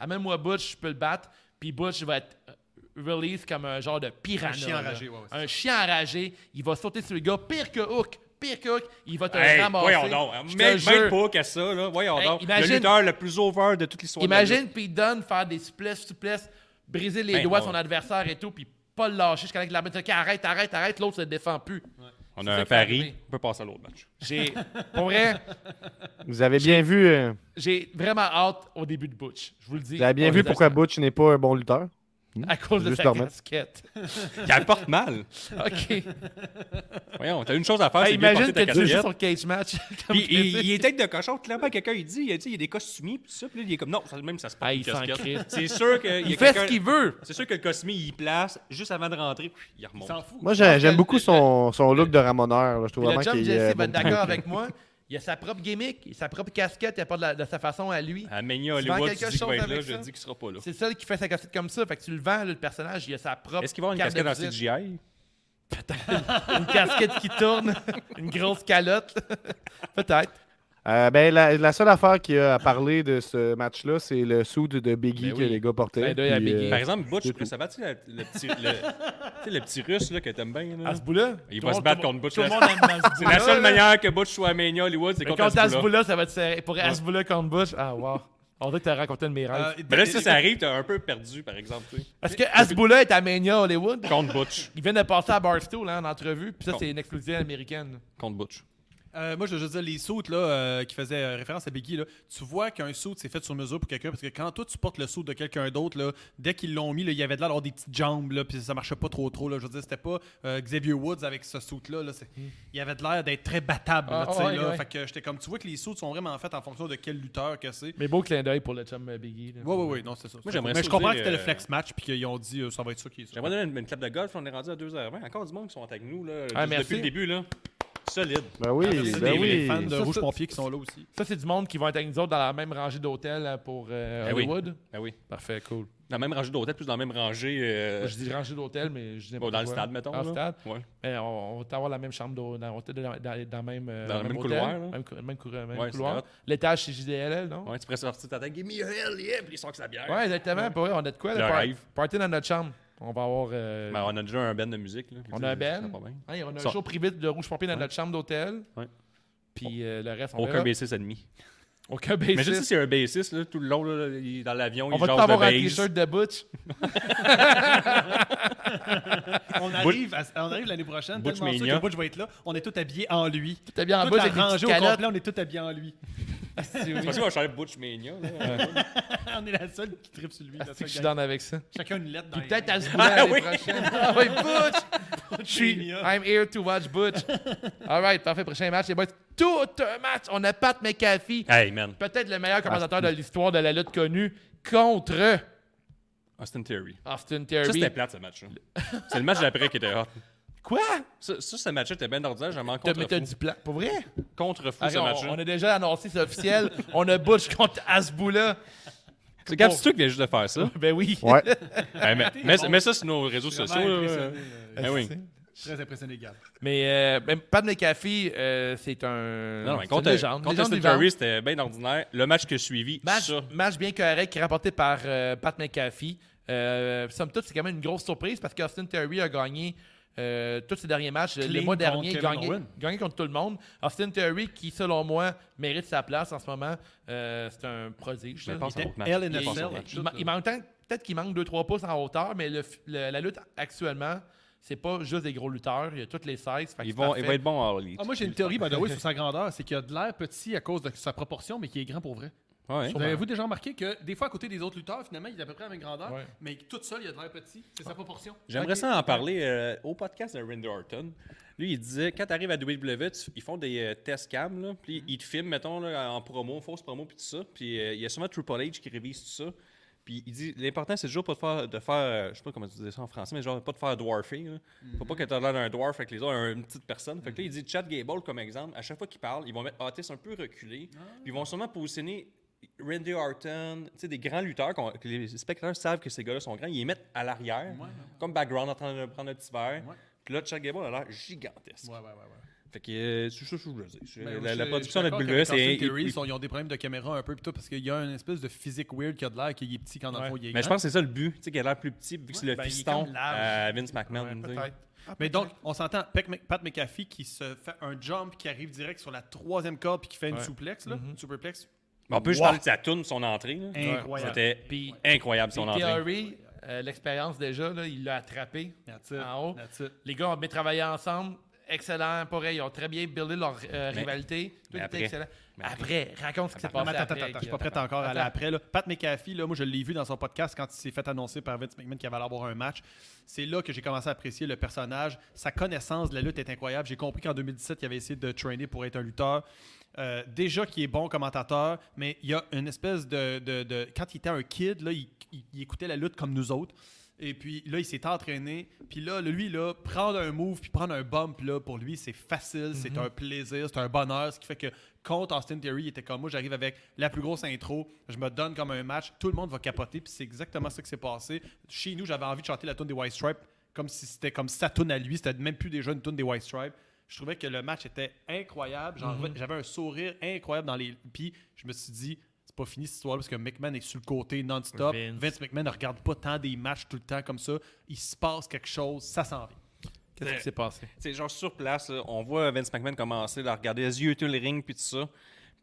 [SPEAKER 3] Amène-moi Butch, je peux le battre. Puis Butch va être euh, release comme un genre de piranha.
[SPEAKER 4] Un chien
[SPEAKER 3] là.
[SPEAKER 4] enragé, ouais, ouais, c'est
[SPEAKER 3] Un chien enragé, il va sauter sur le gars, pire que Hook, pire que Hook, il va te
[SPEAKER 5] Hey,
[SPEAKER 3] ramasser.
[SPEAKER 5] voyons donc. hein,
[SPEAKER 3] Je te
[SPEAKER 5] Même,
[SPEAKER 3] jure.
[SPEAKER 5] même pas qu'à ça, là. Voyons
[SPEAKER 3] Hey,
[SPEAKER 5] donc.
[SPEAKER 3] imagine-
[SPEAKER 5] Le lutteur le plus over de toute l'histoire. de la
[SPEAKER 3] Imagine
[SPEAKER 5] lutte.
[SPEAKER 3] Pete Dunne faire des souplesses, souplesses, briser les
[SPEAKER 5] Ben,
[SPEAKER 3] doigts de
[SPEAKER 5] ouais.
[SPEAKER 3] son adversaire et tout, puis pas le lâcher jusqu'à que la main. Ok, arrête, arrête, arrête, l'autre se défend plus.
[SPEAKER 5] On
[SPEAKER 3] c'est
[SPEAKER 5] a
[SPEAKER 3] ça
[SPEAKER 5] un
[SPEAKER 3] qui va arriver.
[SPEAKER 5] pari. On peut passer à l'autre match.
[SPEAKER 3] J'ai, pour vrai,
[SPEAKER 6] Vous avez bien vu, euh,
[SPEAKER 3] j'ai vraiment hâte au début de Butch. Je vous le dis.
[SPEAKER 6] vous avez bien
[SPEAKER 3] On
[SPEAKER 6] vu
[SPEAKER 3] est
[SPEAKER 6] pourquoi
[SPEAKER 3] à-
[SPEAKER 6] Butch n'est pas un bon lutteur.
[SPEAKER 3] À cause de
[SPEAKER 6] Juste
[SPEAKER 3] sa
[SPEAKER 6] leur mettre.
[SPEAKER 3] casquette.
[SPEAKER 5] Il apporte mal.
[SPEAKER 3] OK.
[SPEAKER 5] Voyons, t'as une chose à faire.
[SPEAKER 3] Hey,
[SPEAKER 5] Ah, c'est bien
[SPEAKER 3] imagine
[SPEAKER 5] porter ta
[SPEAKER 3] que tu joues
[SPEAKER 5] casquette.
[SPEAKER 3] sur Cage Match. comme
[SPEAKER 5] Puis il,
[SPEAKER 3] critique.
[SPEAKER 5] il est tête de cochon. Clairement, quelqu'un, il dit, il a dit, il y a des costumiers, puis tout ça. Puis là, il est comme, non, ça, même ça se passe.
[SPEAKER 3] Ah, il s'en crisse.
[SPEAKER 5] C'est sûr que.
[SPEAKER 3] Il fait ce qu'il veut.
[SPEAKER 5] C'est sûr que le costumier, il place juste avant de rentrer. puis Il remonte.
[SPEAKER 4] S'en fout.
[SPEAKER 6] Moi, j'ai-
[SPEAKER 3] que
[SPEAKER 6] j'aime
[SPEAKER 3] le-
[SPEAKER 6] beaucoup son, son look de ramoneur. là. Je trouve
[SPEAKER 3] Puis le
[SPEAKER 6] vraiment
[SPEAKER 3] chum
[SPEAKER 6] qu'il est euh,
[SPEAKER 3] Jesse
[SPEAKER 6] bon.
[SPEAKER 3] va être d'accord avec moi. Il a sa propre gimmick, il a sa propre casquette, il a pas de, la- de sa façon à lui.
[SPEAKER 5] À Mania
[SPEAKER 3] Tu vends
[SPEAKER 5] Hollywood,
[SPEAKER 3] quelque
[SPEAKER 5] tu dis qu'il
[SPEAKER 3] chose
[SPEAKER 5] va être là,
[SPEAKER 3] avec
[SPEAKER 5] je
[SPEAKER 3] ça?
[SPEAKER 5] dis qu'il sera pas là.
[SPEAKER 3] C'est le seul qui fait sa casquette comme ça. Fait que tu le vends, là, le personnage, il a sa propre.
[SPEAKER 5] Est-ce qu'il va avoir une
[SPEAKER 3] carte de
[SPEAKER 5] casquette en
[SPEAKER 3] visite.
[SPEAKER 5] CGI?
[SPEAKER 3] Une casquette qui tourne, une grosse calotte. Peut-être.
[SPEAKER 6] Euh, ben, la, la seule affaire qu'il y a à parler de ce match-là, c'est le suit de Biggie
[SPEAKER 3] Ben
[SPEAKER 6] que
[SPEAKER 3] oui.
[SPEAKER 6] les gars portaient.
[SPEAKER 3] Clin d'œil à
[SPEAKER 6] puis,
[SPEAKER 3] Biggie.
[SPEAKER 6] euh,
[SPEAKER 5] Par exemple, Butch,
[SPEAKER 6] c'est
[SPEAKER 5] ça va tu le, le petit, le, tu sais, le petit russe là, que t'aimes bien? là?
[SPEAKER 3] À ce bout-là,
[SPEAKER 5] Il
[SPEAKER 3] tout
[SPEAKER 5] va
[SPEAKER 3] le
[SPEAKER 5] se
[SPEAKER 3] monde-
[SPEAKER 5] battre
[SPEAKER 3] tout le
[SPEAKER 5] contre Butch.
[SPEAKER 3] Tout le
[SPEAKER 5] là.
[SPEAKER 3] monde aime
[SPEAKER 5] C'est la seule
[SPEAKER 3] manière.
[SPEAKER 5] manière que Butch soit à Mania Hollywood, c'est
[SPEAKER 3] Mais
[SPEAKER 5] contre
[SPEAKER 3] Contre
[SPEAKER 5] Azbula.
[SPEAKER 3] Asbula, ça va te serrer. Pour Asbula contre Bush, ah wow. On dirait que t'as raconté de mes rêves.
[SPEAKER 6] Euh,
[SPEAKER 4] euh,
[SPEAKER 5] Mais Ben là, si ça arrive, t'es un peu perdu, par exemple. tu sais.
[SPEAKER 3] Parce que Asbula est à Mania Hollywood.
[SPEAKER 5] Contre Butch.
[SPEAKER 3] Il vient de passer à Barstool hein, en entrevue, puis ça, c'est une exclusion américaine.
[SPEAKER 5] Contre Butch.
[SPEAKER 4] Euh, moi, je veux juste dire, les sauts là, euh, qui faisaient euh, référence à Biggie, là, tu vois qu'un saut c'est fait sur mesure pour quelqu'un, parce que quand toi, tu portes le saut de quelqu'un d'autre, là, dès qu'ils l'ont mis, là, il y avait de l'air d'avoir des petites jambes, là, puis ça marchait pas trop trop. Là, je veux dire, c'était pas euh, Xavier Woods avec ce saut là c'est- Il avait de l'air d'être très battable. là,
[SPEAKER 3] Ah,
[SPEAKER 4] tu sais,
[SPEAKER 3] ouais,
[SPEAKER 4] là.
[SPEAKER 3] ouais.
[SPEAKER 4] Fait que j'étais comme, tu vois que les sauts sont vraiment faits en fonction de quel lutteur que c'est.
[SPEAKER 3] Mais beau clin d'œil pour le chum euh, Biggie. là.
[SPEAKER 4] Oui, oui, oui, non, c'est ça.
[SPEAKER 5] Moi, j'aimerais
[SPEAKER 4] Mais
[SPEAKER 5] ça
[SPEAKER 4] je comprends
[SPEAKER 5] dire,
[SPEAKER 4] que c'était le
[SPEAKER 5] euh,
[SPEAKER 4] flex match, puis qu'ils ont dit, euh, ça va être ça qui est ça.
[SPEAKER 5] J'aimerais donner une, une clap de golf, on est rendu à 2h20. Encore du monde qui sont avec nous là,
[SPEAKER 3] Ah,
[SPEAKER 5] juste
[SPEAKER 3] merci.
[SPEAKER 5] depuis le début. là. Solide.
[SPEAKER 6] Ben
[SPEAKER 3] Ah,
[SPEAKER 6] oui,
[SPEAKER 4] Merci
[SPEAKER 6] ben
[SPEAKER 4] des
[SPEAKER 6] oui.
[SPEAKER 4] vrais fans de
[SPEAKER 3] Ça,
[SPEAKER 4] Rouge
[SPEAKER 3] ça-
[SPEAKER 4] Pompier qui sont là aussi.
[SPEAKER 3] Ça, c'est du monde qui va être avec nous autres dans la même rangée d'hôtels hein, pour euh,
[SPEAKER 5] Eh oui.
[SPEAKER 3] Hollywood.
[SPEAKER 5] Ah oui.
[SPEAKER 3] Parfait, cool.
[SPEAKER 5] Dans la même rangée d'hôtel, plus dans la même rangée. euh,
[SPEAKER 3] Je dis rangée d'hôtels, mais je dis
[SPEAKER 5] bon, dans
[SPEAKER 3] n'importe
[SPEAKER 5] le
[SPEAKER 3] quoi.
[SPEAKER 5] stade, mettons.
[SPEAKER 3] Dans le
[SPEAKER 5] là.
[SPEAKER 3] stade.
[SPEAKER 5] Ouais.
[SPEAKER 3] Mais on, on va avoir la même chambre d'hôtel, dans, l'hôtel, dans, dans, dans le même, euh,
[SPEAKER 5] Dans le même
[SPEAKER 3] hôtel,
[SPEAKER 5] couloir, là.
[SPEAKER 3] Même, cou- même cou- même
[SPEAKER 5] Ouais, c'est
[SPEAKER 3] couloir.
[SPEAKER 5] hot.
[SPEAKER 3] L'étage, c'est JDLL, non?
[SPEAKER 5] Ouais, tu pourrais sortir de ta tête. Give me a hell, yeah! Puis ils sortent la bière.
[SPEAKER 3] Ouais, exactement. Pour vrai, on a de quoi?
[SPEAKER 5] Le
[SPEAKER 3] par-
[SPEAKER 5] rêve.
[SPEAKER 3] Party dans notre chambre. On va avoir. euh,
[SPEAKER 5] Ben, on a déjà un band de musique. Là,
[SPEAKER 3] on a un
[SPEAKER 5] Ça
[SPEAKER 3] band.
[SPEAKER 5] va pas bien.
[SPEAKER 3] hein, on a
[SPEAKER 5] Ça-
[SPEAKER 3] un show privé de Rouge Pompier dans
[SPEAKER 5] Ouais.
[SPEAKER 3] notre chambre d'hôtel.
[SPEAKER 5] Ouais.
[SPEAKER 3] Puis euh, le reste, on
[SPEAKER 5] Aucun
[SPEAKER 3] verra.
[SPEAKER 5] bassiste ennemi.
[SPEAKER 3] Aucun
[SPEAKER 5] Mais juste si
[SPEAKER 3] bassiste.
[SPEAKER 5] c'est un bassiste, là, tout le long, là, il est dans l'avion,
[SPEAKER 3] On
[SPEAKER 5] il
[SPEAKER 3] va
[SPEAKER 5] jase
[SPEAKER 3] tout
[SPEAKER 5] de
[SPEAKER 3] avoir un
[SPEAKER 5] bass.
[SPEAKER 3] t-shirt de Butch.
[SPEAKER 4] On arrive, à- on arrive l'année prochaine,
[SPEAKER 5] Butch
[SPEAKER 4] tellement sûr
[SPEAKER 5] Mania.
[SPEAKER 4] que Butch va être là. On est tous habillés en lui.
[SPEAKER 3] T'es bien en
[SPEAKER 4] Toute
[SPEAKER 3] Butch
[SPEAKER 4] la
[SPEAKER 3] avec des
[SPEAKER 4] rangée
[SPEAKER 3] petites
[SPEAKER 4] au
[SPEAKER 3] calottes.
[SPEAKER 4] complet, on est tous habillés en lui.
[SPEAKER 5] C'est parce qu'on va changer Butch Mania. là.
[SPEAKER 4] on est la seule qui tripe sur lui. la
[SPEAKER 3] Ah, C'est que je suis
[SPEAKER 4] seule gang.
[SPEAKER 3] down avec ça.
[SPEAKER 4] Chacun une lettre dans
[SPEAKER 3] Puis peut-être à ce
[SPEAKER 4] les-
[SPEAKER 3] bout-là l'année
[SPEAKER 5] oui.
[SPEAKER 3] prochaine. Ah oui, Butch! Je suis-
[SPEAKER 4] Mania.
[SPEAKER 3] I'm here to watch Butch. All right, parfait. Prochain match, les boys. Tout un match. On a Pat McAfee.
[SPEAKER 5] Hey, man.
[SPEAKER 3] Peut-être le meilleur commentateur de l'histoire de la lutte connue contre
[SPEAKER 5] Austin Theory.
[SPEAKER 3] Austin
[SPEAKER 5] Ça,
[SPEAKER 3] Terry.
[SPEAKER 5] c'était plate, ce match-là. C'est le match d'après qui était hot.
[SPEAKER 3] Quoi?
[SPEAKER 5] Ça, ça, ce match-là était bien ordinaire. J'en manque
[SPEAKER 3] T'as mais
[SPEAKER 5] contre
[SPEAKER 3] t'as
[SPEAKER 5] fou.
[SPEAKER 3] du plan. Pour vrai?
[SPEAKER 5] Contre fou,
[SPEAKER 3] Arrête,
[SPEAKER 5] ce
[SPEAKER 3] on,
[SPEAKER 5] match-là.
[SPEAKER 3] on a déjà annoncé, c'est officiel. on a Butch contre Asboula.
[SPEAKER 5] C'est Gab Stu qui vient juste de faire ça.
[SPEAKER 3] Ben oui.
[SPEAKER 6] Ouais.
[SPEAKER 5] Hey, mais, mais- mais ça sur nos réseaux
[SPEAKER 4] Vraiment
[SPEAKER 5] sociaux. là.
[SPEAKER 4] impressionné, là.
[SPEAKER 5] Ben oui.
[SPEAKER 4] Très impressionné, Gab.
[SPEAKER 3] Mais euh, ben, Pat McAfee, euh, c'est un.
[SPEAKER 5] Non, non, mais
[SPEAKER 3] c'est une
[SPEAKER 5] contre,
[SPEAKER 3] légende.
[SPEAKER 5] contre
[SPEAKER 3] légende
[SPEAKER 5] Austin
[SPEAKER 3] vivante.
[SPEAKER 5] Theory, c'était bien ordinaire. Le match que suivi,
[SPEAKER 3] Match,
[SPEAKER 5] ça.
[SPEAKER 3] match bien correct rapporté par euh, Pat McAfee. Euh, somme toute, c'est quand même une grosse surprise parce qu'Austin Terry a gagné euh, tous ses derniers matchs. le
[SPEAKER 4] Clean
[SPEAKER 3] mois
[SPEAKER 4] contre
[SPEAKER 3] dernier,
[SPEAKER 4] Kevin
[SPEAKER 3] gagné,
[SPEAKER 4] Owens.
[SPEAKER 3] gagné contre tout le monde. Austin Terry, qui selon moi mérite sa place en ce moment, euh, c'est un prodige.
[SPEAKER 5] Je
[SPEAKER 3] là.
[SPEAKER 5] pense à
[SPEAKER 4] était
[SPEAKER 5] un autre match.
[SPEAKER 4] LNFL.
[SPEAKER 5] Je pense à un autre
[SPEAKER 4] Il-
[SPEAKER 5] match.
[SPEAKER 3] Il, ma- il manque tant- peut-être qu'il manque 2-3 pouces en hauteur, mais le f- le- la lutte actuellement, c'est pas juste des gros lutteurs. Il y a toutes les 16. fait que
[SPEAKER 5] Ils
[SPEAKER 3] c'est
[SPEAKER 5] vont
[SPEAKER 3] parfait.
[SPEAKER 5] ils vont être bons à Harley.
[SPEAKER 4] Ah, moi, j'ai une théorie, by the way, sur sa grandeur. C'est qu'il a de l'air petit à cause de sa proportion, mais qui est grand pour vrai.
[SPEAKER 5] Ouais.
[SPEAKER 4] Vous avez-vous déjà remarqué que des fois, à côté des autres lutteurs, finalement, il est à peu près à la même grandeur,
[SPEAKER 3] Ouais.
[SPEAKER 4] mais tout seul, il a de l'air petit. C'est sa proportion.
[SPEAKER 5] J'aimerais
[SPEAKER 4] Ok.
[SPEAKER 5] ça en parler euh, au podcast de Randy Orton. Lui, il disait, quand t'arrives à WWE, tu- ils font des euh, tests cam, là, puis ils te filment, mettons, là, en promo, fausse promo, puis tout ça. Puis euh, il y a sûrement Triple H qui révise tout ça. Puis il dit, l'important, c'est toujours pas de faire, de faire euh, je sais pas comment tu disais ça en français, mais genre, pas de faire dwarfing. là. Faut pas que t'as l'air d'un dwarf avec les autres, une petite personne. Fait que là, il dit Chad Gable comme exemple. À chaque fois qu'il parle, ils vont mettre Otis un peu reculé. Puis ils vont sûrement positionner Randy Orton, tu sais, des grands lutteurs qu'on- que les spectateurs savent que ces gars-là sont grands. Ils les mettent à l'arrière, comme background en train de prendre un petit verre. Puis là, Chad Gable a l'air gigantesque.
[SPEAKER 4] Ouais, ouais, ouais. ouais.
[SPEAKER 5] Fait que euh, c'est ça que je voulais dire. C'est-
[SPEAKER 4] Ben,
[SPEAKER 5] la,
[SPEAKER 4] je-
[SPEAKER 5] la
[SPEAKER 4] je
[SPEAKER 5] production de
[SPEAKER 4] suis d'accord
[SPEAKER 5] WWE,
[SPEAKER 4] qu'avec
[SPEAKER 5] c'est.
[SPEAKER 4] Austin Theory,
[SPEAKER 5] il-
[SPEAKER 4] ils sont- Ils ont des problèmes de caméra un peu, puis tout, parce qu'il y a une espèce de physique weird qui a de l'air, qui est petit quand dans le fond, il est
[SPEAKER 5] Mais
[SPEAKER 4] grand.
[SPEAKER 5] je pense que c'est ça le but, tu sais, qu'il a l'air plus petit, vu que c'est le
[SPEAKER 4] hein. ben, il est
[SPEAKER 5] fiston
[SPEAKER 4] comme
[SPEAKER 5] à
[SPEAKER 4] large.
[SPEAKER 5] Vince McMahon. tu sais.
[SPEAKER 3] Ah, Peut-être.
[SPEAKER 4] Mais donc, on s'entend, Pat Mc- Pat McAfee qui se fait un jump, qui arrive direct sur la troisième corde, puis qui fait une
[SPEAKER 3] Ouais.
[SPEAKER 4] souplex, là, une superplex.
[SPEAKER 5] Mais on peut juste
[SPEAKER 4] Wow.
[SPEAKER 5] parler de sa toune, son entrée. là.
[SPEAKER 4] Incroyable.
[SPEAKER 5] C'était
[SPEAKER 3] Puis-
[SPEAKER 5] incroyable son
[SPEAKER 3] Puis
[SPEAKER 5] entrée.
[SPEAKER 3] Theory, euh, l'expérience déjà, là, il l'a attrapé.
[SPEAKER 4] That's it.
[SPEAKER 3] En haut.
[SPEAKER 4] That's it.
[SPEAKER 3] Les gars ont bien travaillé ensemble. Excellent, pareil. Ils ont très bien buildé leur euh,
[SPEAKER 5] Mais-
[SPEAKER 3] rivalité. Tout
[SPEAKER 5] mais
[SPEAKER 3] était
[SPEAKER 5] après-
[SPEAKER 3] excellent.
[SPEAKER 5] mais
[SPEAKER 3] Après, raconte ce qui s'est
[SPEAKER 4] Non,
[SPEAKER 3] passé.
[SPEAKER 4] mais attends,
[SPEAKER 3] après,
[SPEAKER 4] attends, attends, je suis pas
[SPEAKER 3] Guillaume.
[SPEAKER 4] prêt encore à
[SPEAKER 3] Attends.
[SPEAKER 4] aller après. là. Pat McAfee, là, moi, je l'ai vu dans son podcast quand il s'est fait annoncer par Vince McMahon qu'il allait avoir un match. C'est là que j'ai commencé à apprécier le personnage. Sa connaissance de la lutte est incroyable. J'ai compris qu'en 2017, il avait essayé de trainer pour être un lutteur. Euh, déjà qu'il est bon commentateur, mais il y a une espèce de... de- de- quand il était un kid, là, il, il- il écoutait la lutte comme nous autres. Et puis là, il s'est entraîné. Puis là, lui, là, prendre un move, puis prendre un bump, là, pour lui, c'est facile, c'est un plaisir, c'est un bonheur. Ce qui fait que contre Austin Theory, il était comme moi, j'arrive avec la plus grosse intro, je me donne comme un match, tout le monde va capoter, puis c'est exactement ça qui s'est passé. Chez nous, j'avais envie de chanter la tune des White Stripes, comme si c'était comme sa tune à lui, c'était même plus déjà une tune des White Stripes. Je trouvais que le match était incroyable, J'en revenais- j'avais un sourire incroyable dans les... Puis je me suis dit, c'est pas fini cette histoire parce que McMahon est sur le côté non-stop.
[SPEAKER 3] Vince.
[SPEAKER 4] Vince. McMahon ne regarde pas tant des matchs tout le temps comme ça. Il se passe quelque chose, ça s'en vient.
[SPEAKER 3] Qu'est-ce qui s'est passé?
[SPEAKER 5] Tu sais, genre sur place, là, on voit Vince McMahon commencer à regarder les yeux tout le ring puis tout ça.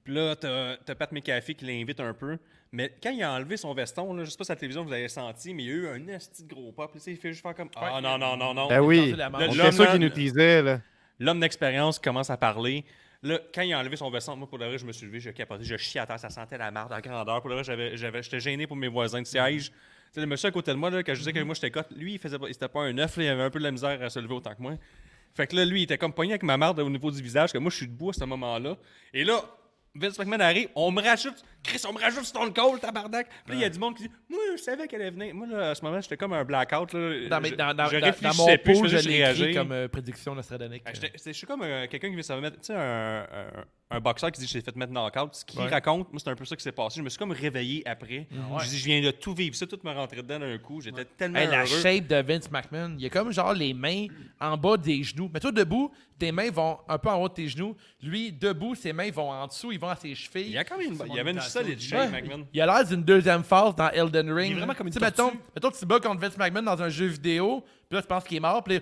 [SPEAKER 5] Puis là, t'as t'as Pat McAfee qui l'invite un peu. Mais quand il a enlevé son veston, là, je sais pas si à la télévision vous l'avez senti, mais il y a eu un esti de gros pop. Là, tu sais, il fait juste faire comme Ah non, non, non, non.
[SPEAKER 6] Ben oui,
[SPEAKER 3] tendu la
[SPEAKER 6] on
[SPEAKER 3] manche.
[SPEAKER 6] était sûr
[SPEAKER 5] L'homme-
[SPEAKER 6] qu'il nous disait. Là.
[SPEAKER 5] L'homme d'expérience commence à parler. Là, quand il a enlevé son veston, moi, pour le vrai, je me suis levé, je capoté, je chiais à terre, ça sentait la marde à grandeur. Pour le vrai, j'avais- j'avais- j'étais gêné pour mes voisins de siège. Tu sais, le monsieur à côté de moi, là, quand je disais que
[SPEAKER 3] Mm-hmm.
[SPEAKER 5] moi, j'étais cote, lui, il faisait pas- il était pas un œuf, là, il avait un peu de la misère à se lever autant que moi. Fait que là, lui, il était comme pogné avec ma marde au niveau du visage, que moi, je suis debout à ce moment-là. Et là, Vince McMahon arrive, on me rajoute, Chris, on me rajoute Stone Cold, tabarnak. Puis là, il y a du monde qui dit, moi, je savais qu'elle allait venir. Moi, là, à ce moment, j'étais comme un blackout. Là.
[SPEAKER 3] Dans, mes-
[SPEAKER 5] Je-
[SPEAKER 3] dans, dans,
[SPEAKER 5] je
[SPEAKER 3] dans- dans
[SPEAKER 5] réfléchissais
[SPEAKER 3] mon
[SPEAKER 5] plus,
[SPEAKER 3] pot, je
[SPEAKER 5] faisais juste
[SPEAKER 3] l'ai écrit
[SPEAKER 5] réagir.
[SPEAKER 3] comme euh, prédiction nostradamus.
[SPEAKER 5] Ah, j'étais- c'était- Je suis comme euh, quelqu'un qui veut se faire mettre. Tu sais, un, un, un boxeur qui dit J'ai fait mettre knock-out. Ce qu'il raconte, moi, c'est un peu ça qui s'est passé. Je me suis comme réveillé
[SPEAKER 3] Ah
[SPEAKER 5] après. Je dis Je viens de tout vivre. Ça, tout me rentrait dedans d'un coup. J'étais tellement
[SPEAKER 3] Hey, la
[SPEAKER 5] heureux.
[SPEAKER 3] shape de Vince McMahon, il y a comme genre les mains en bas des genoux. Mais toi, debout, tes mains vont un peu en haut de tes genoux. Lui, debout, ses mains vont en dessous, ils vont à ses chevilles.
[SPEAKER 5] Il y a quand même une- Il y avait une solide shape,
[SPEAKER 3] Ouais.
[SPEAKER 5] McMahon.
[SPEAKER 3] Il a l'air d'une deuxième phase dans Elden Ring.
[SPEAKER 4] Il est vraiment comme une
[SPEAKER 3] Tu sais, mettons, mettons, tu te bats contre Vince McMahon dans un jeu vidéo, puis là, tu penses qu'il est mort, puis là,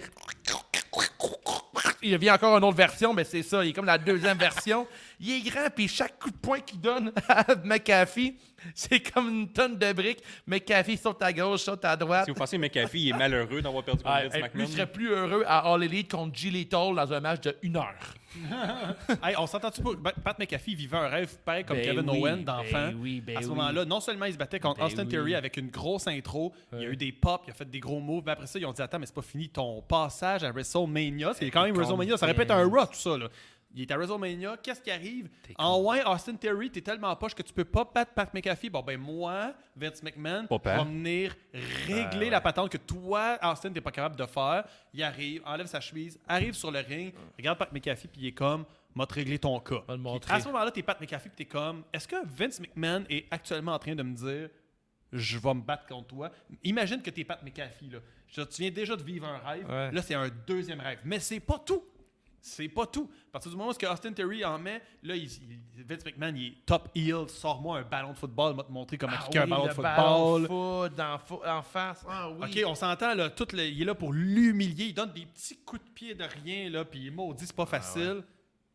[SPEAKER 3] il revient encore une autre version, mais c'est ça, il est comme la deuxième version. Il est grand, puis chaque coup de poing qu'il donne à McAfee, c'est comme une tonne de briques. McAfee saute à gauche, saute à droite.
[SPEAKER 5] Si vous pensez que McAfee il est malheureux d'avoir perdu contre
[SPEAKER 3] Ouais,
[SPEAKER 5] Vince
[SPEAKER 3] hey, lui
[SPEAKER 5] McMahon,
[SPEAKER 3] serait plus heureux à All Elite contre G. Little dans un match de 1 heure.
[SPEAKER 4] Hey, on s'entend-tu pas? Ben, Pat McAfee vivait un rêve pareil comme
[SPEAKER 3] Ben
[SPEAKER 4] Kevin
[SPEAKER 3] oui,
[SPEAKER 4] Owen
[SPEAKER 3] ben
[SPEAKER 4] d'enfant.
[SPEAKER 3] oui, ben
[SPEAKER 4] à ce
[SPEAKER 3] oui.
[SPEAKER 4] moment-là, non seulement il se battait contre
[SPEAKER 3] Ben
[SPEAKER 4] Austin
[SPEAKER 3] oui.
[SPEAKER 4] Theory avec une grosse intro, il y a eu des pops, il a fait des gros moves. mais après ça, ils ont dit Attends, mais c'est pas fini ton passage à WrestleMania. C'est quand même WrestleMania. Ça aurait pu être un Raw, tout ça. Là. Il est à WrestleMania. Qu'est-ce qui arrive En ouais, Austin Theory, t'es tellement poche que tu peux pas battre Pat McAfee. Bon, ben moi, Vince McMahon,
[SPEAKER 5] Pat.
[SPEAKER 4] va venir régler
[SPEAKER 3] Ben
[SPEAKER 4] la patente que toi, Austin, t'es pas capable de faire. Il arrive, enlève sa chemise, arrive sur le ring, regarde Pat McAfee, puis il est comme, m'a te réglé ton cas.
[SPEAKER 3] Va le
[SPEAKER 4] Puis
[SPEAKER 3] montrer.
[SPEAKER 4] à ce moment-là, t'es Pat McAfee, puis t'es comme, est-ce que Vince McMahon est actuellement en train de me dire, je vais me battre contre toi? Imagine que t'es Pat McAfee, là. Je- tu viens déjà de vivre un rêve.
[SPEAKER 3] Ouais.
[SPEAKER 4] Là, c'est un deuxième rêve. Mais c'est pas tout. C'est pas tout. À partir du moment où ce que Austin Theory en met, là, il, il- Vince McMahon, il est top heel. Sors-moi un ballon de football, va te montrer comment
[SPEAKER 3] Ah
[SPEAKER 4] kicker un
[SPEAKER 3] oui,
[SPEAKER 4] ballon de
[SPEAKER 3] le
[SPEAKER 4] football.
[SPEAKER 3] ballon de foot, en, fo- en face. Ah oui.
[SPEAKER 4] OK, on s'entend, là, tout le- il est là pour l'humilier. Il donne des petits coups de pied de rien, là, puis maudit, c'est pas
[SPEAKER 3] Ah
[SPEAKER 4] facile.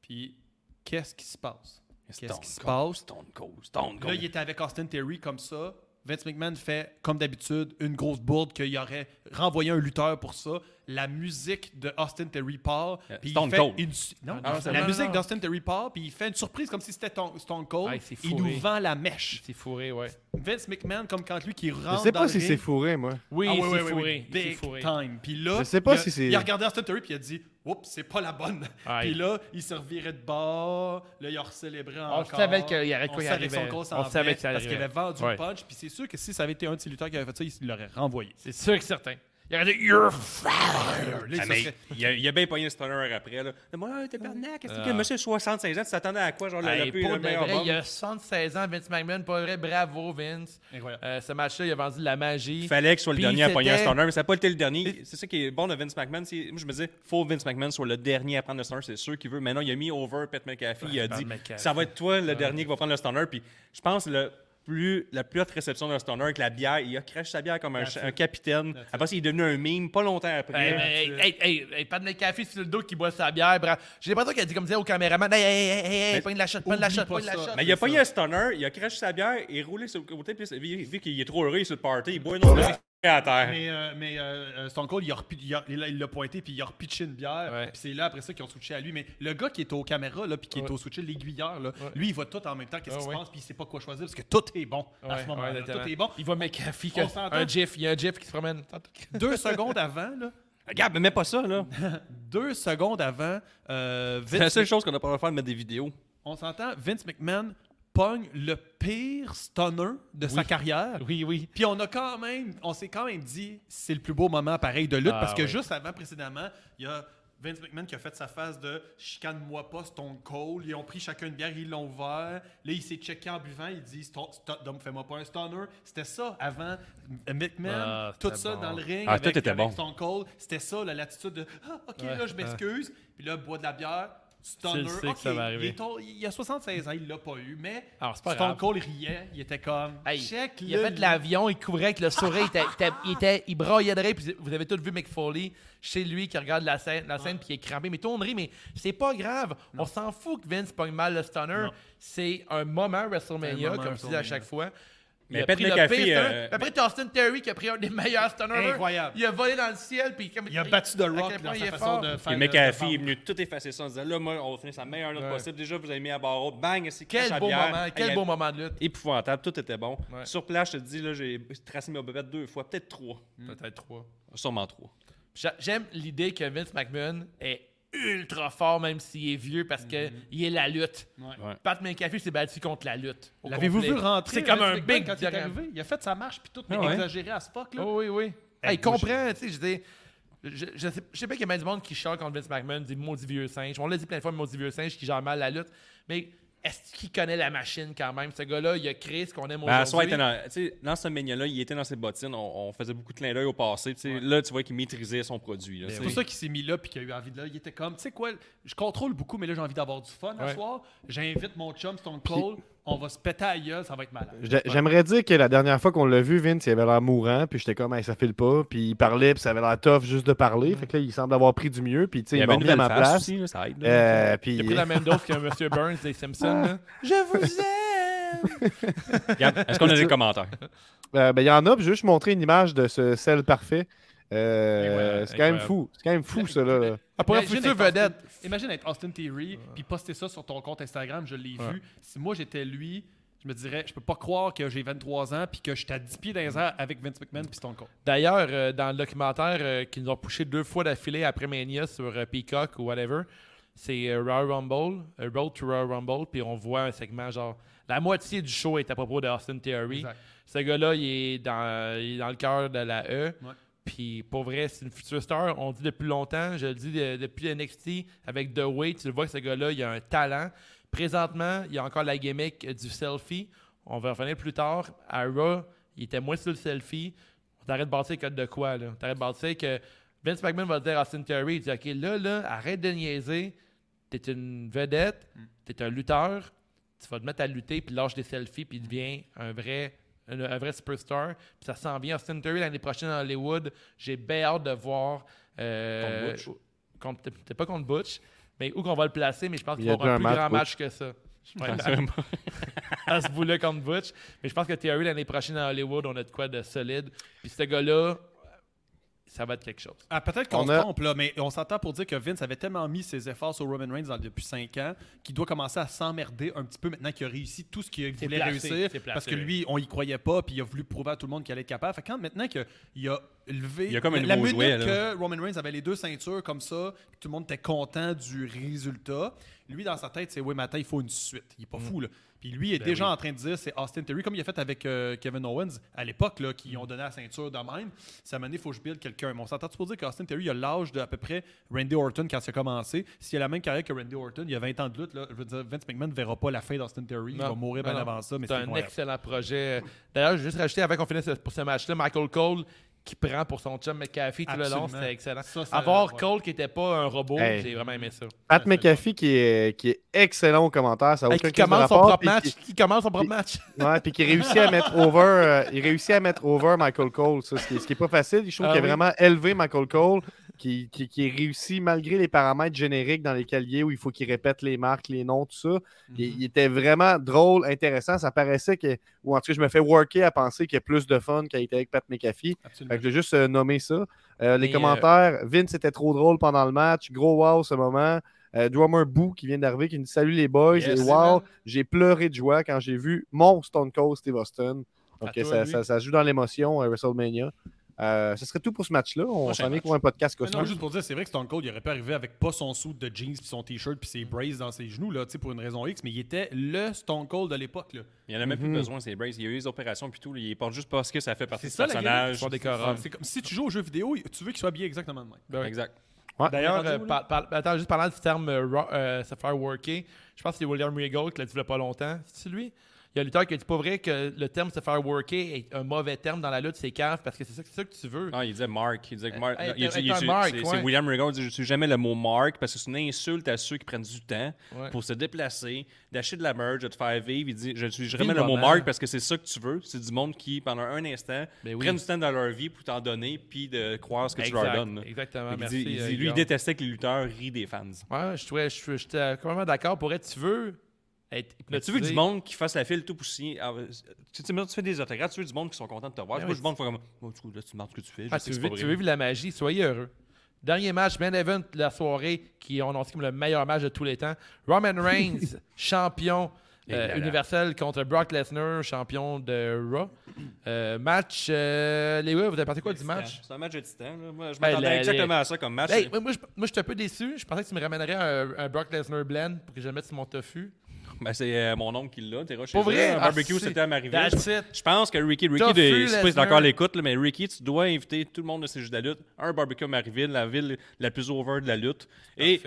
[SPEAKER 4] Puis, qu'est-ce qui se passe? Qu'est-ce qui se passe?
[SPEAKER 5] Stone Cold, Stone
[SPEAKER 4] Là,
[SPEAKER 5] Cold.
[SPEAKER 4] il était avec Austin Theory comme ça. Vince McMahon fait, comme d'habitude, une grosse bourde qu'il aurait renvoyé un lutteur pour ça. La musique de Austin Theory part.
[SPEAKER 5] Euh,
[SPEAKER 4] puis il
[SPEAKER 5] Stone
[SPEAKER 4] fait
[SPEAKER 5] Cold.
[SPEAKER 4] une su- Non,
[SPEAKER 3] Ah, non, c'est
[SPEAKER 4] la
[SPEAKER 3] vrai.
[SPEAKER 4] musique
[SPEAKER 3] Non, non.
[SPEAKER 4] d'Austin Theory part, puis il fait une surprise comme si c'était ton- Stone Cold.
[SPEAKER 3] Ah, c'est
[SPEAKER 4] il
[SPEAKER 3] fourré.
[SPEAKER 4] nous vend la mèche.
[SPEAKER 3] C'est fourré, ouais.
[SPEAKER 4] Vince McMahon, comme quand lui, qui rentre
[SPEAKER 6] Je sais
[SPEAKER 4] dans
[SPEAKER 6] pas
[SPEAKER 4] le
[SPEAKER 6] si
[SPEAKER 4] ring.
[SPEAKER 6] c'est fourré, moi.
[SPEAKER 3] Oui,
[SPEAKER 4] Ah oui, oui,
[SPEAKER 3] c'est
[SPEAKER 4] oui,
[SPEAKER 3] fourré.
[SPEAKER 4] oui.
[SPEAKER 3] C'est
[SPEAKER 4] Big
[SPEAKER 3] fourré.
[SPEAKER 4] time. Puis là,
[SPEAKER 6] Je sais pas
[SPEAKER 4] il a,
[SPEAKER 6] si c'est-
[SPEAKER 4] il a regardé Austin Theory puis il a dit Oups, c'est pas la bonne.
[SPEAKER 3] Aïe.
[SPEAKER 4] Puis là, il se revirait de bord. Là, il a recélébré encore.
[SPEAKER 3] savait qu'il y aurait quoi,
[SPEAKER 4] On
[SPEAKER 3] il
[SPEAKER 4] savait que son
[SPEAKER 3] arrivait.
[SPEAKER 4] gros s'en
[SPEAKER 3] On
[SPEAKER 4] venait
[SPEAKER 3] savait que ça
[SPEAKER 4] Parce qu'il
[SPEAKER 3] arrivait.
[SPEAKER 4] avait vendu
[SPEAKER 3] Ouais.
[SPEAKER 4] le punch. Puis c'est sûr que si ça avait été un de ses lutteurs qui avait fait ça, il l'aurait renvoyé.
[SPEAKER 3] C'est sûr que certain. Il aurait dit You're fired.
[SPEAKER 4] Là, il
[SPEAKER 5] Ah,
[SPEAKER 4] se
[SPEAKER 5] mais
[SPEAKER 4] serait-
[SPEAKER 5] il a, il a bien pogné un stunner après. Là. Mais Moi, t'es pernac, qu'est-ce que monsieur 65 ans, tu t'attendais à quoi? Genre, le-
[SPEAKER 3] Ah. Hey,
[SPEAKER 5] le plus
[SPEAKER 3] pour
[SPEAKER 5] le
[SPEAKER 3] de
[SPEAKER 5] meilleur
[SPEAKER 3] vrai,
[SPEAKER 5] bombe?
[SPEAKER 3] il y a 76 ans, Vince McMahon, pas vrai, bravo Vince.
[SPEAKER 4] Incroyable.
[SPEAKER 3] Euh, ce match-là, il a vendu de la magie.
[SPEAKER 5] Il fallait que je sois le
[SPEAKER 3] Puis
[SPEAKER 5] dernier à pogner un
[SPEAKER 3] c'était-
[SPEAKER 5] stunner, mais ça n'a pas été le dernier. C'est ça qui est bon de Vince McMahon. c'est- Moi, je me disais, faut que Vince McMahon soit le dernier à prendre le stunner, c'est sûr qu'il veut. Maintenant, il a mis over Pat McAfee. il a
[SPEAKER 3] Pat
[SPEAKER 5] dit,
[SPEAKER 3] McAfee.
[SPEAKER 5] ça va être toi le dernier qui va prendre le stunner. Puis je pense le plus, la plus haute réception d'un stunner avec la bière. Il a craché sa bière comme un, un capitaine. Après ça, il est devenu un meme pas longtemps après.
[SPEAKER 3] Hey, Ben, mais, hey, hey, hey, hey, Pat McAfee sur le dos qui boit sa bière. bravo. J'ai l'impression qu'elle dit comme ça au caméraman Hey, hey, hey, hey, hey,
[SPEAKER 5] Mais
[SPEAKER 3] pogne la shot, pogne la shot, pogne la shot.
[SPEAKER 5] Mais il a
[SPEAKER 4] c'est
[SPEAKER 5] pogné
[SPEAKER 4] ça.
[SPEAKER 5] un stunner, il a craché sa bière, il est roulé sur le côté, puis vu vu qu'il est trop heureux, il est sur le party, il boit une autre à terre.
[SPEAKER 4] Mais, euh, mais, euh, euh, Stone Cold, il a repi- il a- il a- il l'a pointé puis il a repitché une bière.
[SPEAKER 3] Ouais.
[SPEAKER 4] Puis c'est là après ça qu'ils ont switché à lui. Mais le gars qui est aux caméras là, puis qui
[SPEAKER 3] Ouais.
[SPEAKER 4] est au switché, l'aiguilleur, là, lui, il voit tout en même temps, qu'est-ce
[SPEAKER 3] Ouais,
[SPEAKER 4] qui
[SPEAKER 3] ouais.
[SPEAKER 4] se passe, puis il sait pas quoi choisir parce que tout est bon à
[SPEAKER 3] Ouais,
[SPEAKER 4] ce moment-là.
[SPEAKER 3] ouais,
[SPEAKER 4] tout
[SPEAKER 3] exactement.
[SPEAKER 4] est bon.
[SPEAKER 3] Il voit McAfee,
[SPEAKER 4] On
[SPEAKER 3] que-
[SPEAKER 4] s'entend?
[SPEAKER 3] un GIF, il y a un GIF qui se promène.
[SPEAKER 4] Deux secondes avant, là,
[SPEAKER 5] Regarde, mais mets pas ça, là.
[SPEAKER 4] deux secondes avant, euh,
[SPEAKER 5] C'est la
[SPEAKER 4] Vince,
[SPEAKER 5] seule chose qu'on a pas le droit de faire de mettre des vidéos.
[SPEAKER 4] on s'entend, Vince McMahon pogne le pire stunner de sa carrière.
[SPEAKER 3] Oui, oui.
[SPEAKER 4] Puis on a quand même, on s'est quand même dit, c'est le plus beau moment pareil de lutte
[SPEAKER 3] Ah,
[SPEAKER 4] parce que
[SPEAKER 3] oui.
[SPEAKER 4] juste avant précédemment, il y a Vince McMahon qui a fait sa phase de chicane-moi pas Stone Cold. Ils ont pris chacun une bière, ils l'ont ouvert. Là, il s'est checké en buvant, il dit, Stone- Stone- Dom, fais-moi pas un stunner. C'était ça avant euh, McMahon,
[SPEAKER 3] Ah,
[SPEAKER 4] tout
[SPEAKER 3] c'était
[SPEAKER 4] ça
[SPEAKER 3] bon.
[SPEAKER 4] dans le ring
[SPEAKER 5] Ah,
[SPEAKER 4] avec,
[SPEAKER 5] tout était
[SPEAKER 4] avec
[SPEAKER 5] bon.
[SPEAKER 4] Stone Cold. C'était ça, la l'attitude de, ah, ok,
[SPEAKER 3] Ouais,
[SPEAKER 4] là, je m'excuse. Puis là, bois de la bière. Stunner,
[SPEAKER 3] Tu le sais que
[SPEAKER 4] ok,
[SPEAKER 3] ça va
[SPEAKER 4] il,
[SPEAKER 3] arriver.
[SPEAKER 4] est ton- il a 76 ans, il l'a pas eu, mais
[SPEAKER 3] Alors, c'est pas
[SPEAKER 4] Stone
[SPEAKER 3] grave.
[SPEAKER 4] Cold riait, il était comme,
[SPEAKER 3] Hey,
[SPEAKER 4] check
[SPEAKER 3] Il a fait de l'avion, il couvrait avec le sourire, il, était, il, était- il, était- il braillait de rire, puis vous avez tous vu McFoley chez lui qui regarde la scène, la scène puis il est crampé. Mais tout on rit, mais c'est pas grave. On s'en fout que Vince pogne mal le stunner. C'est un moment WrestleMania,
[SPEAKER 4] Un moment
[SPEAKER 3] comme je dis à chaque fois.
[SPEAKER 5] Mais
[SPEAKER 3] Il a
[SPEAKER 5] Pat
[SPEAKER 3] pris le
[SPEAKER 5] McAfee,
[SPEAKER 3] pire stunner.
[SPEAKER 5] euh,
[SPEAKER 3] Puis Après, Austin Terry qui a pris un des meilleurs stunners. ever.
[SPEAKER 4] Incroyable.
[SPEAKER 3] Il a volé dans le ciel, puis comme-
[SPEAKER 4] Il a battu The
[SPEAKER 3] à quel
[SPEAKER 4] Rock
[SPEAKER 3] point
[SPEAKER 4] dans
[SPEAKER 3] il
[SPEAKER 4] sa
[SPEAKER 3] est
[SPEAKER 4] façon
[SPEAKER 3] fort.
[SPEAKER 4] de
[SPEAKER 5] Et
[SPEAKER 4] faire.
[SPEAKER 5] McAfee
[SPEAKER 4] de-
[SPEAKER 5] est venu tout effacer ça en disant là, moi, on va finir sa meilleure note
[SPEAKER 3] Ouais.
[SPEAKER 5] possible. Déjà, vous avez mis à barreau, bang, c'est crache
[SPEAKER 3] Quel
[SPEAKER 5] à
[SPEAKER 3] beau
[SPEAKER 5] bière.
[SPEAKER 3] moment,
[SPEAKER 5] Hey,
[SPEAKER 3] quel beau moment de lutte.
[SPEAKER 5] Épouvantable, tout était bon.
[SPEAKER 3] Ouais.
[SPEAKER 5] Sur place, je te dis, là, j'ai tracé mes bobettes deux fois, peut-être trois.
[SPEAKER 4] Hmm.
[SPEAKER 3] Peut-être trois.
[SPEAKER 5] Sûrement trois.
[SPEAKER 3] J'a- J'aime l'idée que Vince McMahon est ultra fort, même s'il est vieux, parce que il est la lutte.
[SPEAKER 5] Ouais.
[SPEAKER 3] Pat McAfee s'est battu contre la lutte. au
[SPEAKER 4] L'avez-vous vu
[SPEAKER 3] complet.
[SPEAKER 4] rentrer?
[SPEAKER 3] C'est comme
[SPEAKER 4] Vince
[SPEAKER 3] un
[SPEAKER 4] McMahon,
[SPEAKER 3] big
[SPEAKER 4] quand il est
[SPEAKER 3] diagramme.
[SPEAKER 4] arrivé. Il a fait sa marche puis tout, mais
[SPEAKER 5] Ah ouais.
[SPEAKER 4] exagéré à ce fuck là.
[SPEAKER 3] Oh, oui, oui. Hey, il comprend, tu sais, je dis. Je, je sais, je sais pas qu'il y a bien du monde qui chiale contre Vince McMahon, des maudits vieux singes. On l'a dit plein de fois, maudit vieux singe qui gère mal la lutte. Mais est-ce qu'il connaît la machine quand même? Ce gars-là, il a créé ce qu'on aime
[SPEAKER 5] Ben, soit
[SPEAKER 3] aujourd'hui.
[SPEAKER 5] il était dans, tu sais, dans ce mania-là, il était dans ses bottines. On, on faisait beaucoup de clin d'œil au passé. tu sais, Là, tu vois qu'il maîtrisait son produit. là, tu
[SPEAKER 3] Ben
[SPEAKER 4] C'est
[SPEAKER 5] sais.
[SPEAKER 4] pour ça qu'il s'est mis là puis qu'il a eu envie de là. Il était comme, tu sais quoi, je contrôle beaucoup, mais là j'ai envie d'avoir du fun à
[SPEAKER 3] Ouais.
[SPEAKER 4] soir. J'invite mon chum Stone Cold, on va se péter à la gueule, ça va être malade.
[SPEAKER 6] J'a- J'aimerais dire que la dernière fois qu'on l'a vu, Vince, il avait l'air mourant, puis j'étais comme, Hey, ça file pas, puis il parlait, puis ça avait l'air tough juste de parler. Fait que là, il semble avoir pris du mieux, puis tu sais,
[SPEAKER 5] Il y
[SPEAKER 6] il
[SPEAKER 5] avait
[SPEAKER 6] m'a
[SPEAKER 5] une
[SPEAKER 6] remis à
[SPEAKER 5] nouvelle
[SPEAKER 6] ma
[SPEAKER 5] face
[SPEAKER 6] place.
[SPEAKER 5] aussi, là, ça aide. là.
[SPEAKER 6] Euh,
[SPEAKER 3] Il a
[SPEAKER 6] puis
[SPEAKER 3] pris la même dose que M. Burns des Simpsons. là. Je vous aime!
[SPEAKER 5] Regarde, Est-ce qu'on a des commentaires?
[SPEAKER 6] euh, ben, il y en a, puis je vais juste montrer une image de ce sel parfait. Euh,
[SPEAKER 3] Incroyable,
[SPEAKER 6] c'est quand même
[SPEAKER 3] incroyable.
[SPEAKER 6] fou, c'est quand même fou ça là.
[SPEAKER 3] Après,
[SPEAKER 4] Imagine
[SPEAKER 3] future
[SPEAKER 4] être
[SPEAKER 3] vedette.
[SPEAKER 4] Austin- imagine être Austin Theory puis poster ça sur ton compte Instagram, je l'ai vu. Si moi j'étais lui, je me dirais, je peux pas croire que j'ai 23 ans puis que je suis à 10 pieds dans les airs avec Vince McMahon puis Stone Cold.
[SPEAKER 3] D'ailleurs, euh, dans le documentaire euh, qu'ils nous ont poussé deux fois d'affilée après Mania sur euh, Peacock ou whatever, c'est euh, Royal Rumble, euh, Road to Royal Rumble, puis on voit un segment genre. La moitié du show est à propos de Austin Theory.
[SPEAKER 4] Exact.
[SPEAKER 3] Ce gars-là, il, est dans- euh, il est dans le cœur de la E.
[SPEAKER 4] Ouais.
[SPEAKER 3] Puis pour vrai, c'est une future star. On dit depuis longtemps, je le dis euh, depuis NXT avec The Way, tu vois que ce gars-là, il a un talent. Présentement, il y a encore la gimmick euh, du selfie. On va revenir plus tard. À Raw, il était moins sur le selfie. On t'arrête de bâtir que de quoi, là? On t'arrête de bâtir que Vince McMahon va dire à Austin Theory, il dit, OK, là, là, arrête de niaiser. T'es une vedette,
[SPEAKER 5] Mm.
[SPEAKER 3] t'es un lutteur. Tu vas te mettre à lutter, puis lâche des selfies, puis devient un vrai, un, un vrai superstar. Puis ça s'en vient. Austin Theory, l'année prochaine à Hollywood, j'ai bien hâte de voir... euh,
[SPEAKER 5] Contre Butch.
[SPEAKER 3] contre- Peut-être pas contre Butch, mais où qu'on va le placer, mais je pense
[SPEAKER 6] Il
[SPEAKER 3] qu'il
[SPEAKER 6] y a
[SPEAKER 3] va avoir un plus
[SPEAKER 6] déjà un
[SPEAKER 3] grand match
[SPEAKER 6] match,
[SPEAKER 3] que ça. Ouais, à ce bout-là contre Butch. Mais je pense que Theory, l'année prochaine à Hollywood, on a de quoi de solide. Puis ce gars-là, ça va être quelque chose.
[SPEAKER 4] Ah, peut-être qu'on
[SPEAKER 6] On
[SPEAKER 4] se
[SPEAKER 6] a-
[SPEAKER 4] trompe, là, mais on s'entend pour dire que Vince avait tellement mis ses efforts sur Roman Reigns dans- depuis 5 ans qu'il doit commencer à s'emmerder un petit peu maintenant qu'il a réussi tout ce qu'il
[SPEAKER 3] C'est
[SPEAKER 4] voulait
[SPEAKER 3] placé,
[SPEAKER 4] réussir.
[SPEAKER 3] c'est placé,
[SPEAKER 4] parce que
[SPEAKER 3] oui.
[SPEAKER 4] lui, on y croyait pas, puis il a voulu prouver à tout le monde qu'il allait être capable. Fait que quand maintenant qu'il a levé
[SPEAKER 5] Il y a comme un
[SPEAKER 4] la
[SPEAKER 5] nouveau
[SPEAKER 4] minute
[SPEAKER 5] jouet, là.
[SPEAKER 4] que Roman Reigns avait les deux ceintures comme ça, que tout le monde était content du résultat, lui, dans sa tête, c'est oui, matin, il faut une suite. Il est
[SPEAKER 5] Mm.
[SPEAKER 4] pas fou, là. Puis lui
[SPEAKER 5] Ben
[SPEAKER 4] est déjà en train de dire, c'est Austin Theory, comme il a fait avec euh, Kevin Owens à l'époque, là, qui ont donné la ceinture de même. Ça m'a donné, il faut que je build quelqu'un. Mais on s'entend pour dire qu'Austin Theory a l'âge de à peu près Randy Orton quand il a commencé. S'il a la même carrière que Randy Orton, il y a 20 ans de lutte, là, je veux dire, Vince McMahon ne verra pas la fin d'Austin Theory. Il
[SPEAKER 3] Non.
[SPEAKER 4] va mourir bien
[SPEAKER 3] Non, non.
[SPEAKER 4] avant ça, mais
[SPEAKER 3] C'est
[SPEAKER 4] c'est
[SPEAKER 3] un
[SPEAKER 4] incroyable.
[SPEAKER 3] excellent projet. D'ailleurs, je vais juste rajouter, avant qu'on finisse pour ce match-là, Michael Cole qui prend pour son chum McAfee tout le long,
[SPEAKER 4] Absolument.
[SPEAKER 3] c'était excellent. Euh,
[SPEAKER 4] Ça, ça-
[SPEAKER 3] Avoir
[SPEAKER 4] ouais.
[SPEAKER 3] Cole qui n'était pas un robot,
[SPEAKER 6] Hey.
[SPEAKER 3] j'ai vraiment aimé ça.
[SPEAKER 6] Pat McAfee qui est, qui est excellent au commentaire, ça a
[SPEAKER 3] Hey,
[SPEAKER 6] aucun
[SPEAKER 3] qui
[SPEAKER 6] crise de
[SPEAKER 3] commence son
[SPEAKER 6] rapport,
[SPEAKER 3] propre
[SPEAKER 6] puis
[SPEAKER 3] match,
[SPEAKER 6] qui-
[SPEAKER 3] qui commence son propre match.
[SPEAKER 6] Ouais, puis qui réussit à mettre over, euh, il réussit à mettre over Michael Cole, ça, ce qui, est- ce qui est pas facile. Je trouve
[SPEAKER 3] Ah
[SPEAKER 6] qu'il a
[SPEAKER 3] oui.
[SPEAKER 6] vraiment élevé Michael Cole, qui, qui, qui réussit malgré les paramètres génériques dans les caliers où il faut qu'il répète les marques, les noms, tout ça. il,
[SPEAKER 3] Mhm.
[SPEAKER 6] il était vraiment drôle, intéressant. Ça paraissait que, ou en tout cas, je me fais worker à penser qu'il y a plus de fun quand il était avec Pat McAfee.
[SPEAKER 4] Absolument.
[SPEAKER 6] Fait que je vais juste euh, nommer ça. Euh, les
[SPEAKER 3] Mais,
[SPEAKER 6] commentaires, Vince était trop drôle pendant le match. Gros wow ce moment. Euh, Drummer Boo qui vient d'arriver, qui nous dit Salut les boys.
[SPEAKER 5] Yes,
[SPEAKER 6] et
[SPEAKER 5] man.
[SPEAKER 6] wow, j'ai pleuré de joie quand j'ai vu mon Stone Cold Steve Austin.
[SPEAKER 3] À
[SPEAKER 6] Donc
[SPEAKER 3] toi,
[SPEAKER 6] ça,
[SPEAKER 3] lui.
[SPEAKER 6] ça- ça joue dans l'émotion à euh, WrestleMania. Euh, ce serait tout pour ce match-là. On
[SPEAKER 5] Prochain
[SPEAKER 6] s'en vient
[SPEAKER 5] match.
[SPEAKER 6] pour un podcast
[SPEAKER 4] Mais non,
[SPEAKER 6] cosmique.
[SPEAKER 4] juste pour dire, c'est vrai que Stone Cold, il aurait pu arriver avec pas son suit de jeans puis son t-shirt puis ses braises dans ses genoux, là, tu sais, pour une raison X, mais il était le Stone Cold de l'époque, là.
[SPEAKER 5] Il n'y en a
[SPEAKER 6] Mhm.
[SPEAKER 5] même plus besoin, c'est Brace. Il y a eu les opérations puis tout. Il porte juste parce que ça fait partie
[SPEAKER 4] C'est
[SPEAKER 5] du
[SPEAKER 4] ça, la
[SPEAKER 5] personnage.
[SPEAKER 3] Son décorum.
[SPEAKER 4] C'est comme si tu joues aux jeux vidéo, tu veux qu'il soit habillé exactement de même.
[SPEAKER 5] Exact.
[SPEAKER 3] D'ailleurs,
[SPEAKER 4] Bien
[SPEAKER 3] euh,
[SPEAKER 4] entendu,
[SPEAKER 3] par- par- attends, juste parlant du terme euh, ro- euh, se faire worker, je pense que c'est William Regal qui l'a dit il y a pas longtemps. C'est lui? Il y a un lutteur qui a dit pas vrai que le terme se faire worker est un mauvais terme dans la lutte, c'est cave, parce que c'est ça, c'est ça que tu veux.
[SPEAKER 5] Non, il disait Mark. Il disait que Mark.
[SPEAKER 3] Euh,
[SPEAKER 5] non, il
[SPEAKER 3] euh,
[SPEAKER 5] dit-
[SPEAKER 3] euh,
[SPEAKER 5] il-
[SPEAKER 3] un
[SPEAKER 5] c'est-
[SPEAKER 3] Mark,
[SPEAKER 5] c'est-
[SPEAKER 3] ouais.
[SPEAKER 5] c'est William Regal. Il dit Je suis jamais le mot Mark parce que c'est une insulte à ceux qui prennent du temps
[SPEAKER 3] Ouais.
[SPEAKER 5] pour se déplacer, d'acheter de la merge, de te faire vivre. Il dit Je suis jamais
[SPEAKER 3] le
[SPEAKER 5] le mot
[SPEAKER 3] moment.
[SPEAKER 5] Mark parce que c'est ça que tu veux. C'est du monde qui, pendant un instant,
[SPEAKER 3] Ben oui.
[SPEAKER 5] prennent du temps dans leur vie pour t'en donner puis de croire ce que tu leur
[SPEAKER 3] Exact,
[SPEAKER 5] donnes. là.
[SPEAKER 3] Exactement,
[SPEAKER 5] Fait qu'il
[SPEAKER 3] merci. euh,
[SPEAKER 5] dit- il dit, lui, il
[SPEAKER 3] Guillaume. Ben,
[SPEAKER 5] détestait que les lutteurs rient des fans.
[SPEAKER 3] Ouais, je trouvais, je, j'étais complètement d'accord. Pour être, tu veux être
[SPEAKER 5] Mais tu veux du monde qui fasse la file tout poussé. Ah, Tu tu sais, maintenant, tu fais des autographes, tu veux du monde qui sont contents de te voir.
[SPEAKER 3] Ben
[SPEAKER 5] Tu
[SPEAKER 3] oui,
[SPEAKER 5] veux du monde qui font comme oh, Moi, tu- là, tu marques ce que tu fais. je
[SPEAKER 3] Ah,
[SPEAKER 5] sais
[SPEAKER 3] tu,
[SPEAKER 5] que
[SPEAKER 3] veux,
[SPEAKER 5] c'est pas
[SPEAKER 3] tu
[SPEAKER 5] vrai.
[SPEAKER 3] veux vivre la magie, soyez heureux. Dernier match, main event de la soirée, qui on annoncé comme le meilleur match de tous les temps. Roman Reigns, champion
[SPEAKER 5] Et
[SPEAKER 3] euh,
[SPEAKER 5] Eh là là.
[SPEAKER 3] universel contre Brock Lesnar, champion de Raw. Euh, match, euh, les gars, vous avez pensé quoi du match?
[SPEAKER 5] C'est un match de titan. là. Moi, je
[SPEAKER 3] Ben,
[SPEAKER 5] m'attendais
[SPEAKER 3] la-
[SPEAKER 5] exactement à ça comme match.
[SPEAKER 3] Hey, moi, moi, je, moi, je suis un peu déçu. Je pensais que tu me ramènerais un, un Brock Lesnar blend pour que je le mette sur mon tofu.
[SPEAKER 5] Ben, c'est euh, mon oncle qui l'a. T'es
[SPEAKER 3] Pour vrai?
[SPEAKER 5] Un
[SPEAKER 3] Ah,
[SPEAKER 5] barbecue,
[SPEAKER 3] c'est-
[SPEAKER 5] c'était à m'arriver.
[SPEAKER 3] That's it.
[SPEAKER 5] Je pense que Ricky, Ricky,
[SPEAKER 3] Tofu,
[SPEAKER 5] des, je sais pas si
[SPEAKER 3] Lesnar.
[SPEAKER 5] encore l'écoute, là, mais Ricky, tu dois inviter tout le monde de ces jeux de la lutte. Un barbecue à Marieville, la ville la plus over de la lutte. Et